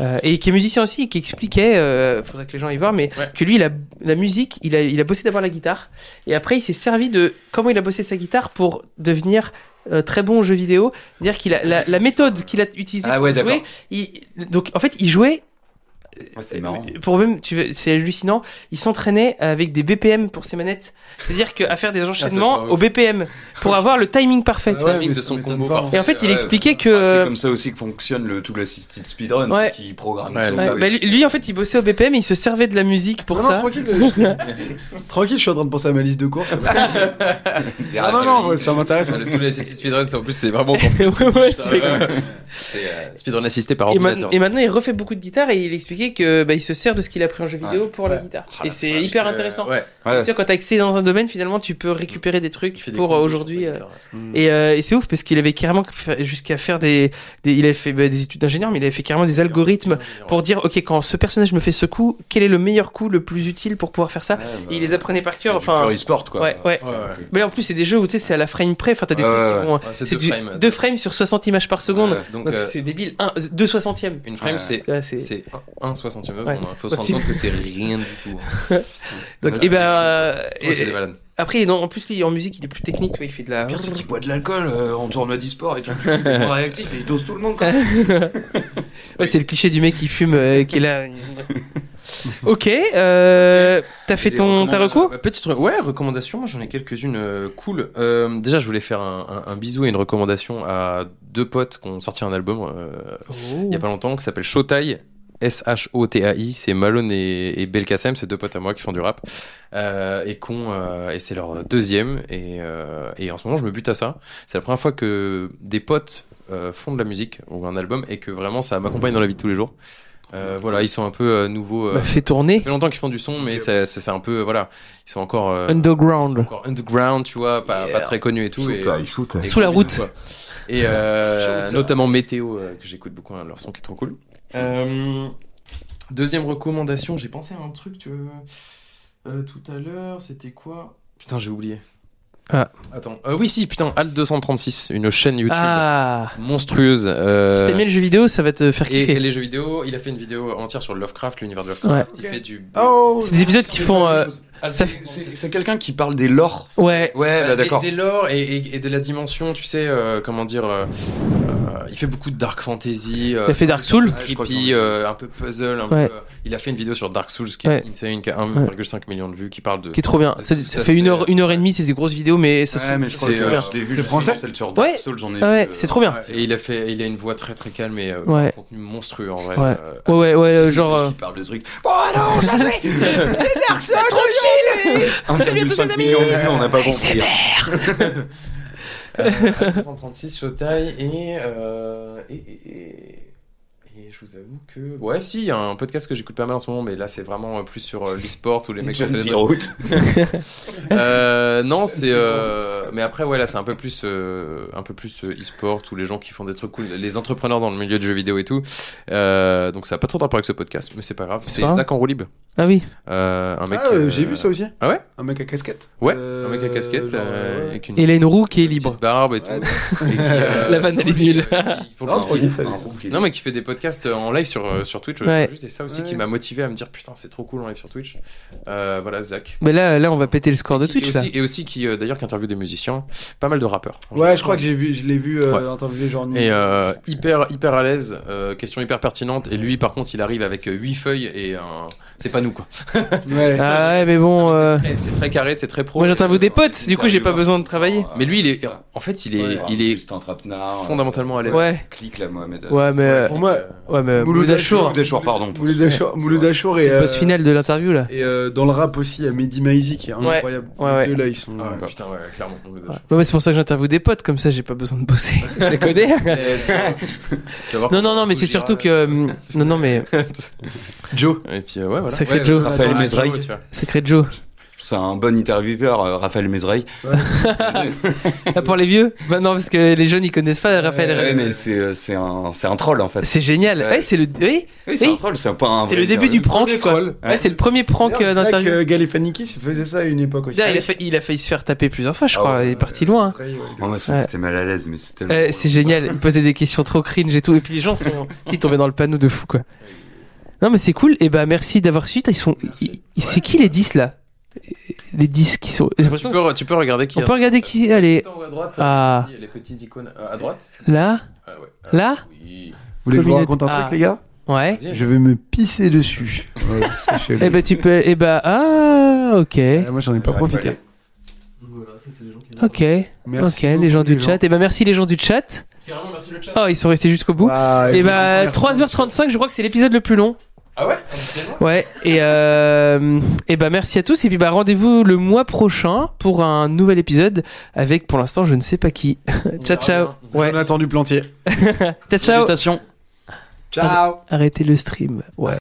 [SPEAKER 1] Euh, et qui est musicien aussi, qui expliquait, euh, faudrait que les gens y voir, mais
[SPEAKER 2] Ouais.
[SPEAKER 1] que lui, il a, la musique, il a, il a bossé d'abord la guitare, et après il s'est servi de comment il a bossé sa guitare pour devenir euh, très bon au jeu vidéo, dire qu'il a la, la méthode qu'il a utilisée
[SPEAKER 3] Ah
[SPEAKER 1] pour
[SPEAKER 3] ouais,
[SPEAKER 1] jouer,
[SPEAKER 3] d'accord.
[SPEAKER 1] il- donc en fait il jouait
[SPEAKER 3] Ouais, C'est marrant.
[SPEAKER 1] pour même, tu veux- c'est hallucinant, il s'entraînait avec des BPM pour ses manettes, c'est-à-dire qu'à faire
[SPEAKER 3] Ah,
[SPEAKER 1] des enchaînements
[SPEAKER 2] trop ouf.
[SPEAKER 1] au BPM pour avoir le timing parfait.
[SPEAKER 4] Ah ouais, mais
[SPEAKER 2] de
[SPEAKER 4] ça
[SPEAKER 2] son
[SPEAKER 4] m'étonne
[SPEAKER 2] combo
[SPEAKER 4] pas, hein.
[SPEAKER 2] parfait.
[SPEAKER 1] Et en fait, il
[SPEAKER 3] Ouais,
[SPEAKER 1] expliquait que
[SPEAKER 3] Ah, c'est comme ça aussi que fonctionne le, tout l'assisted speedrun.
[SPEAKER 1] Ouais.
[SPEAKER 3] c'est Qui programme
[SPEAKER 2] Ouais,
[SPEAKER 3] tout.
[SPEAKER 1] Ouais,
[SPEAKER 3] Oui.
[SPEAKER 1] bah, lui, lui, en fait il bossait au BPM et il se servait de la musique pour
[SPEAKER 4] Non, non,
[SPEAKER 1] ça.
[SPEAKER 4] tranquille, je- tranquille, je suis en train de penser à ma liste de courses. Ah non, non, ouais, ça m'intéresse.
[SPEAKER 2] Dans le- Tous les assisted speedrun, c'est- en plus, c'est vraiment. encore plus-
[SPEAKER 1] Ouais, ouais,
[SPEAKER 3] Ah,
[SPEAKER 1] c'est-
[SPEAKER 2] C'est euh, speedrun assisté par
[SPEAKER 1] et, ma-
[SPEAKER 2] ordinateur.
[SPEAKER 1] et maintenant il refait beaucoup de guitare et il expliquait que bah, il se sert de ce qu'il a pris en jeu vidéo
[SPEAKER 3] Ouais,
[SPEAKER 1] pour la
[SPEAKER 3] ouais.
[SPEAKER 1] guitare.
[SPEAKER 3] Oh, la
[SPEAKER 1] et c'est
[SPEAKER 3] vache,
[SPEAKER 1] hyper
[SPEAKER 2] Euh,
[SPEAKER 1] intéressant.
[SPEAKER 2] ouais.
[SPEAKER 3] Ouais.
[SPEAKER 1] Tu vois, quand t'as excellé dans un domaine, finalement, tu peux récupérer des
[SPEAKER 2] Il
[SPEAKER 1] trucs
[SPEAKER 2] fait des
[SPEAKER 1] pour
[SPEAKER 2] combos
[SPEAKER 1] euh,
[SPEAKER 2] sur
[SPEAKER 1] aujourd'hui.
[SPEAKER 2] sa
[SPEAKER 1] euh,
[SPEAKER 2] guitare.
[SPEAKER 1] Et, euh, et c'est ouf parce qu'il avait carrément fait- jusqu'à faire des, des- il avait fait bah, des études d'ingénieur, mais il avait fait carrément des algorithmes pour dire ok quand ce personnage me fait ce coup, quel est le meilleur coup le plus utile pour pouvoir faire ça. Et il les apprenait par
[SPEAKER 3] bah, C'est
[SPEAKER 1] cœur.
[SPEAKER 3] du
[SPEAKER 1] Enfin,
[SPEAKER 3] pure e-sport, quoi. euh,
[SPEAKER 1] ouais, ouais.
[SPEAKER 2] Ouais, ouais.
[SPEAKER 1] Mais là, en plus c'est des jeux où tu sais c'est à la frame près. Enfin t'as des
[SPEAKER 3] Ouais,
[SPEAKER 1] trucs
[SPEAKER 3] ouais,
[SPEAKER 1] qui
[SPEAKER 3] ouais.
[SPEAKER 1] font.
[SPEAKER 2] Ouais, c'est
[SPEAKER 1] C'est
[SPEAKER 2] deux
[SPEAKER 1] du
[SPEAKER 2] frames.
[SPEAKER 1] deux frames sur 60 images par seconde.
[SPEAKER 2] Donc,
[SPEAKER 1] Donc
[SPEAKER 2] euh,
[SPEAKER 1] c'est débile. Un, deux soixantièmes.
[SPEAKER 2] une frame,
[SPEAKER 3] Ouais.
[SPEAKER 2] c'est.
[SPEAKER 1] Ouais, c'est-
[SPEAKER 2] C'est 1 soixantième.
[SPEAKER 1] Ouais.
[SPEAKER 2] Il faut se rendre
[SPEAKER 1] Ouais.
[SPEAKER 2] compte que c'est rien du tout.
[SPEAKER 1] Donc,
[SPEAKER 3] Ouais,
[SPEAKER 1] et
[SPEAKER 3] c'est-
[SPEAKER 1] ben, euh,
[SPEAKER 2] Ouais,
[SPEAKER 1] et-
[SPEAKER 2] c'est des malades.
[SPEAKER 1] après, non, en plus, lui, en musique, il est plus technique, tu vois, il fait de la.
[SPEAKER 3] Pire, c'est qu'il boit de l'alcool euh, en tournoi d'e-sport et tout. Il est pas réactif et il dose tout le monde, quoi.
[SPEAKER 1] Ouais, c'est le cliché du mec qui fume, euh, qui est là. ok, euh, t'as fait
[SPEAKER 2] Des
[SPEAKER 1] ton ta
[SPEAKER 2] recommandations.
[SPEAKER 1] recours
[SPEAKER 2] Ouais, Petite re- ouais, recommandation. Moi, j'en ai quelques-unes euh, cool. Euh, déjà, je voulais faire un, un- un bisou et une recommandation à deux potes qui ont sorti un album euh, il y a pas longtemps qui s'appelle Shotai. S-H-O-T-A-I, c'est Malone et, et Belkacem, c'est deux potes à moi qui font du rap. Euh, et qu'on, euh, et c'est leur deuxième. Et, euh, et en ce moment, je me bute à ça. C'est la première fois que des potes euh, font de la musique ou un album et que vraiment ça m'accompagne dans la vie de tous les jours. Euh, voilà, ils sont un peu euh, nouveaux. euh,
[SPEAKER 1] Bah, Fais
[SPEAKER 2] ça
[SPEAKER 1] tourner.
[SPEAKER 2] fait longtemps qu'ils font du son, mais c'est c'est- c'est un peu, euh, voilà, ils sont encore, euh, ils sont
[SPEAKER 1] Underground.
[SPEAKER 2] encore underground, tu vois, pas, pas très connus et tout. et-
[SPEAKER 3] shoot.
[SPEAKER 2] et
[SPEAKER 1] Sous la
[SPEAKER 2] gros
[SPEAKER 1] route.
[SPEAKER 2] bisous, quoi. Et euh, notamment Météo, euh, que j'écoute beaucoup, hein, leur son qui est trop cool. Euh, deuxième recommandation, j'ai pensé à un truc, tu veux, euh, tout à l'heure, c'était quoi Putain, j'ai oublié.
[SPEAKER 1] Ah.
[SPEAKER 2] Attends, Euh, oui, si, putain, Alt236, une chaîne YouTube
[SPEAKER 1] Ah
[SPEAKER 2] monstrueuse. euh,
[SPEAKER 1] Si t'aimes le jeu vidéo, ça va te faire
[SPEAKER 2] et, et
[SPEAKER 1] kiffer.
[SPEAKER 2] les jeux vidéo, il a fait une vidéo entière sur Lovecraft, l'univers de Lovecraft. Il fait du.
[SPEAKER 3] Ah
[SPEAKER 4] Oh,
[SPEAKER 1] C'est des épisodes qui font. euh, ça fait-
[SPEAKER 3] C'est c'est quelqu'un qui parle des lores.
[SPEAKER 1] Ouais.
[SPEAKER 3] Ouais, bah,
[SPEAKER 2] Bah, des-
[SPEAKER 3] d'accord.
[SPEAKER 2] Des lores et, et- et de la dimension, tu sais, euh, comment dire. euh, euh, il fait beaucoup de dark fantasy. euh,
[SPEAKER 1] Il a fait Dark Souls.
[SPEAKER 3] Ouais, je crois que
[SPEAKER 2] creepy,
[SPEAKER 3] j'en ai
[SPEAKER 2] euh, un peu puzzle. un
[SPEAKER 1] Ouais.
[SPEAKER 2] peu, euh, il a fait une vidéo sur Dark Souls qui est
[SPEAKER 1] Ouais.
[SPEAKER 2] insane, qui a 1,5 million de vues, qui parle de.
[SPEAKER 1] qui est trop bien. Ça, ça
[SPEAKER 2] Ça, c'est-
[SPEAKER 1] fait une heure, une heure et demie, c'est des grosses vidéos, mais ça
[SPEAKER 3] Ouais, mais
[SPEAKER 1] se.
[SPEAKER 3] je
[SPEAKER 2] c'est,
[SPEAKER 3] crois que
[SPEAKER 2] euh,
[SPEAKER 3] je l'ai vu.
[SPEAKER 4] c'est
[SPEAKER 3] je
[SPEAKER 4] français
[SPEAKER 3] sais, Celle sur
[SPEAKER 1] Ouais.
[SPEAKER 3] Dark Souls, j'en ai
[SPEAKER 1] Ah ouais,
[SPEAKER 3] vu, euh,
[SPEAKER 1] c'est trop bien.
[SPEAKER 2] Et il a fait, il a une voix très très calme et euh,
[SPEAKER 1] Ouais.
[SPEAKER 2] un contenu monstrueux en vrai.
[SPEAKER 1] Ouais.
[SPEAKER 2] Euh,
[SPEAKER 1] Ouais, ouais, ouais, euh, genre. euh,
[SPEAKER 3] Qui parle de trucs. Oh, Bon, alors, j'en ai
[SPEAKER 1] C'est trop Ah,
[SPEAKER 3] 1,5 million de vues, on n'a pas compris.
[SPEAKER 2] Euh, à 236 Showtime et, euh, et, et, et- et je vous avoue que. Ouais, si, il y a un podcast que j'écoute pas mal en ce moment, mais là c'est vraiment euh, plus sur euh, l'e-sport ou les mecs qui font
[SPEAKER 3] John
[SPEAKER 2] des-
[SPEAKER 3] Pierrot.
[SPEAKER 2] Euh, non, c'est. euh, mais après, ouais, là, c'est un peu plus, euh, un peu plus euh, e-sport ou les gens qui font des trucs cool, les entrepreneurs dans le milieu du jeu vidéo et tout. Euh, donc, ça n'a pas trop de rapport avec ce podcast, mais c'est pas grave. C'est
[SPEAKER 1] pas grave.
[SPEAKER 2] Zach Enroulib,
[SPEAKER 1] Ah oui.
[SPEAKER 2] euh, un mec.
[SPEAKER 4] Ah, euh,
[SPEAKER 2] euh,
[SPEAKER 4] j'ai vu ça aussi.
[SPEAKER 2] ah ouais
[SPEAKER 4] Un mec à casquette.
[SPEAKER 2] Ouais,
[SPEAKER 4] Euh,
[SPEAKER 2] Un mec à casquette
[SPEAKER 4] genre,
[SPEAKER 2] euh,
[SPEAKER 4] ouais.
[SPEAKER 2] avec une
[SPEAKER 1] Hélène Roux qui est
[SPEAKER 2] petite
[SPEAKER 1] libre.
[SPEAKER 2] barbe et tout. Et qui, euh,
[SPEAKER 1] La vanne, elle est
[SPEAKER 2] qui-
[SPEAKER 1] nulle.
[SPEAKER 2] qui- faut
[SPEAKER 5] Non,
[SPEAKER 2] qu'on-
[SPEAKER 5] trop kiff.
[SPEAKER 3] Un roux qui est-
[SPEAKER 2] Non, mais qui fait des podcasts euh, en live sur, euh, sur Twitch. euh,
[SPEAKER 1] Ouais.
[SPEAKER 2] Juste, et ça aussi
[SPEAKER 4] Ouais.
[SPEAKER 2] qui m'a motivé à me dire putain, c'est trop cool en live sur Twitch. Euh, voilà, Zach.
[SPEAKER 1] Mais là, là, on va péter le score de
[SPEAKER 2] Qui-
[SPEAKER 1] Twitch
[SPEAKER 2] et,
[SPEAKER 1] là.
[SPEAKER 2] aussi, et aussi qui, euh, d'ailleurs, qui interviewe des musiciens, pas mal de rappeurs. en
[SPEAKER 4] Ouais, je crois que j'ai vu, je l'ai vu euh,
[SPEAKER 2] Ouais.
[SPEAKER 4] interviewer genre.
[SPEAKER 1] Mm.
[SPEAKER 2] Et euh, hyper hyper à l'aise, euh, question hyper pertinente. Et lui, par contre, il arrive avec euh, huit feuilles et un. C'est pas nous quoi.
[SPEAKER 4] Ouais.
[SPEAKER 1] Ah ouais, mais bon. euh,
[SPEAKER 2] C'est très- C'est très carré, c'est très pro.
[SPEAKER 1] Moi, j'interviewe des potes.
[SPEAKER 3] Des
[SPEAKER 1] Du coup, j'ai pas
[SPEAKER 3] intervieweurs
[SPEAKER 1] besoin de
[SPEAKER 3] qui
[SPEAKER 1] travailler.
[SPEAKER 3] sont, euh,
[SPEAKER 2] Mais lui, il est.
[SPEAKER 3] ça.
[SPEAKER 2] En fait, il est
[SPEAKER 3] Ouais,
[SPEAKER 2] il est
[SPEAKER 3] Justin Trapenard, euh,
[SPEAKER 2] fondamentalement à l'aise.
[SPEAKER 1] Ouais.
[SPEAKER 3] Clique là, Mohamed.
[SPEAKER 1] Ouais, mais euh,
[SPEAKER 4] Pour moi,
[SPEAKER 2] Euh,
[SPEAKER 1] ouais, mais
[SPEAKER 4] Mouloud
[SPEAKER 1] Mouloud Achour,
[SPEAKER 3] Mouloud Achour, pardon.
[SPEAKER 4] Mouloud Achour, Mouloud Achour et.
[SPEAKER 1] c'est le
[SPEAKER 4] euh,
[SPEAKER 1] post-finale de l'interview là.
[SPEAKER 4] Et euh, dans le rap aussi, il y a Mehdi Maizi qui est
[SPEAKER 1] Ouais.
[SPEAKER 4] incroyable.
[SPEAKER 1] Ouais, ouais.
[SPEAKER 4] Les deux là, ils sont. euh,
[SPEAKER 2] ah, putain, ouais, clairement.
[SPEAKER 1] Ouais. Ouais, mais c'est pour ça que j'interviewe des potes comme ça, j'ai pas besoin de bosser. Je les connais.
[SPEAKER 2] Mais, euh, tu vas voir
[SPEAKER 1] Non,
[SPEAKER 2] comment
[SPEAKER 1] non, non, mais
[SPEAKER 2] tout
[SPEAKER 1] c'est
[SPEAKER 2] gira,
[SPEAKER 1] surtout
[SPEAKER 2] euh,
[SPEAKER 1] que euh, non, non, mais
[SPEAKER 4] Joe.
[SPEAKER 2] Et puis, euh, ouais, voilà.
[SPEAKER 1] Sacré
[SPEAKER 2] Ouais,
[SPEAKER 1] Joe.
[SPEAKER 3] Raphaël Mesrahi.
[SPEAKER 2] tu vois.
[SPEAKER 1] sacré Joe.
[SPEAKER 3] C'est un bon intervieweur, euh, Raphaël Mesraï.
[SPEAKER 1] Ah pour les vieux Bah non, parce que les jeunes ils connaissent pas Raphaël.
[SPEAKER 3] Ouais, mais c'est euh, c'est un, c'est un troll en fait.
[SPEAKER 1] C'est génial.
[SPEAKER 3] Ouais.
[SPEAKER 1] Ouais, c'est le, ouais,
[SPEAKER 3] Oui, c'est
[SPEAKER 1] Oui.
[SPEAKER 3] un troll, c'est pas un
[SPEAKER 1] c'est
[SPEAKER 3] vrai
[SPEAKER 1] le début du
[SPEAKER 3] interview.
[SPEAKER 1] prank.
[SPEAKER 4] Premier
[SPEAKER 1] quoi.
[SPEAKER 4] troll.
[SPEAKER 1] Ouais, c'est le premier prank euh,
[SPEAKER 4] D'ailleurs,
[SPEAKER 1] d'interview.
[SPEAKER 4] c'est vrai Ah que Galifianakis il faisait ça à une époque aussi. Euh,
[SPEAKER 1] D'ailleurs, Il, a failli- il a failli se faire taper plusieurs fois, je
[SPEAKER 3] Ah
[SPEAKER 1] crois.
[SPEAKER 3] ouais,
[SPEAKER 1] il est parti loin. hein.
[SPEAKER 3] Oh, Moi, moi, ça
[SPEAKER 1] Ouais.
[SPEAKER 3] me foutait mal à l'aise, mais c'était.
[SPEAKER 1] Euh, c'est génial. Il posait des questions trop cringe et tout. Et puis les gens sont ils tombaient dans le panneau de fou quoi. Non mais c'est cool. Et bah merci d'avoir suivi. Ils sont. ils- ils- C'est qui les 10 là Les 10 qui sont. J'ai
[SPEAKER 2] Tu
[SPEAKER 1] l'impression-
[SPEAKER 2] peux, re- tu peux regarder qui
[SPEAKER 1] On peut regarder qui allez
[SPEAKER 2] à droite.
[SPEAKER 1] Ah.
[SPEAKER 2] Les petites icônes euh, à droite.
[SPEAKER 1] là
[SPEAKER 2] Ah, ouais.
[SPEAKER 1] là.
[SPEAKER 2] Oui.
[SPEAKER 4] Vous voulez que je vous
[SPEAKER 1] Communauté-
[SPEAKER 4] raconte un truc,
[SPEAKER 1] Ah.
[SPEAKER 4] les gars
[SPEAKER 1] Ouais.
[SPEAKER 2] Vas-y.
[SPEAKER 4] Je vais me pisser dessus. Ouais, c'est chez vous.
[SPEAKER 1] Eh ben tu peux. Eh ben ah ok
[SPEAKER 4] Ah, Moi, j'en ai pas profité.
[SPEAKER 1] ok
[SPEAKER 4] Merci.
[SPEAKER 1] ok les
[SPEAKER 4] beaucoup,
[SPEAKER 1] gens du chat. Eh ben merci les gens du chat.
[SPEAKER 2] Carrément, merci le chat.
[SPEAKER 1] Oh ils sont restés jusqu'au bout.
[SPEAKER 4] Ah,
[SPEAKER 1] Et
[SPEAKER 4] écoute,
[SPEAKER 1] bah
[SPEAKER 4] merci.
[SPEAKER 1] 3h35 je crois que c'est l'épisode le plus long.
[SPEAKER 2] Ah ouais officiellement
[SPEAKER 1] Ouais et euh, et bah merci à tous et puis bah rendez-vous le mois prochain pour un nouvel épisode avec pour l'instant je ne sais pas qui. ciao ciao. Ouais.
[SPEAKER 4] On a attendu Plantier.
[SPEAKER 1] Ciao ciao.
[SPEAKER 3] Ciao.
[SPEAKER 4] Ciao.
[SPEAKER 1] Arrêtez le stream. Ouais.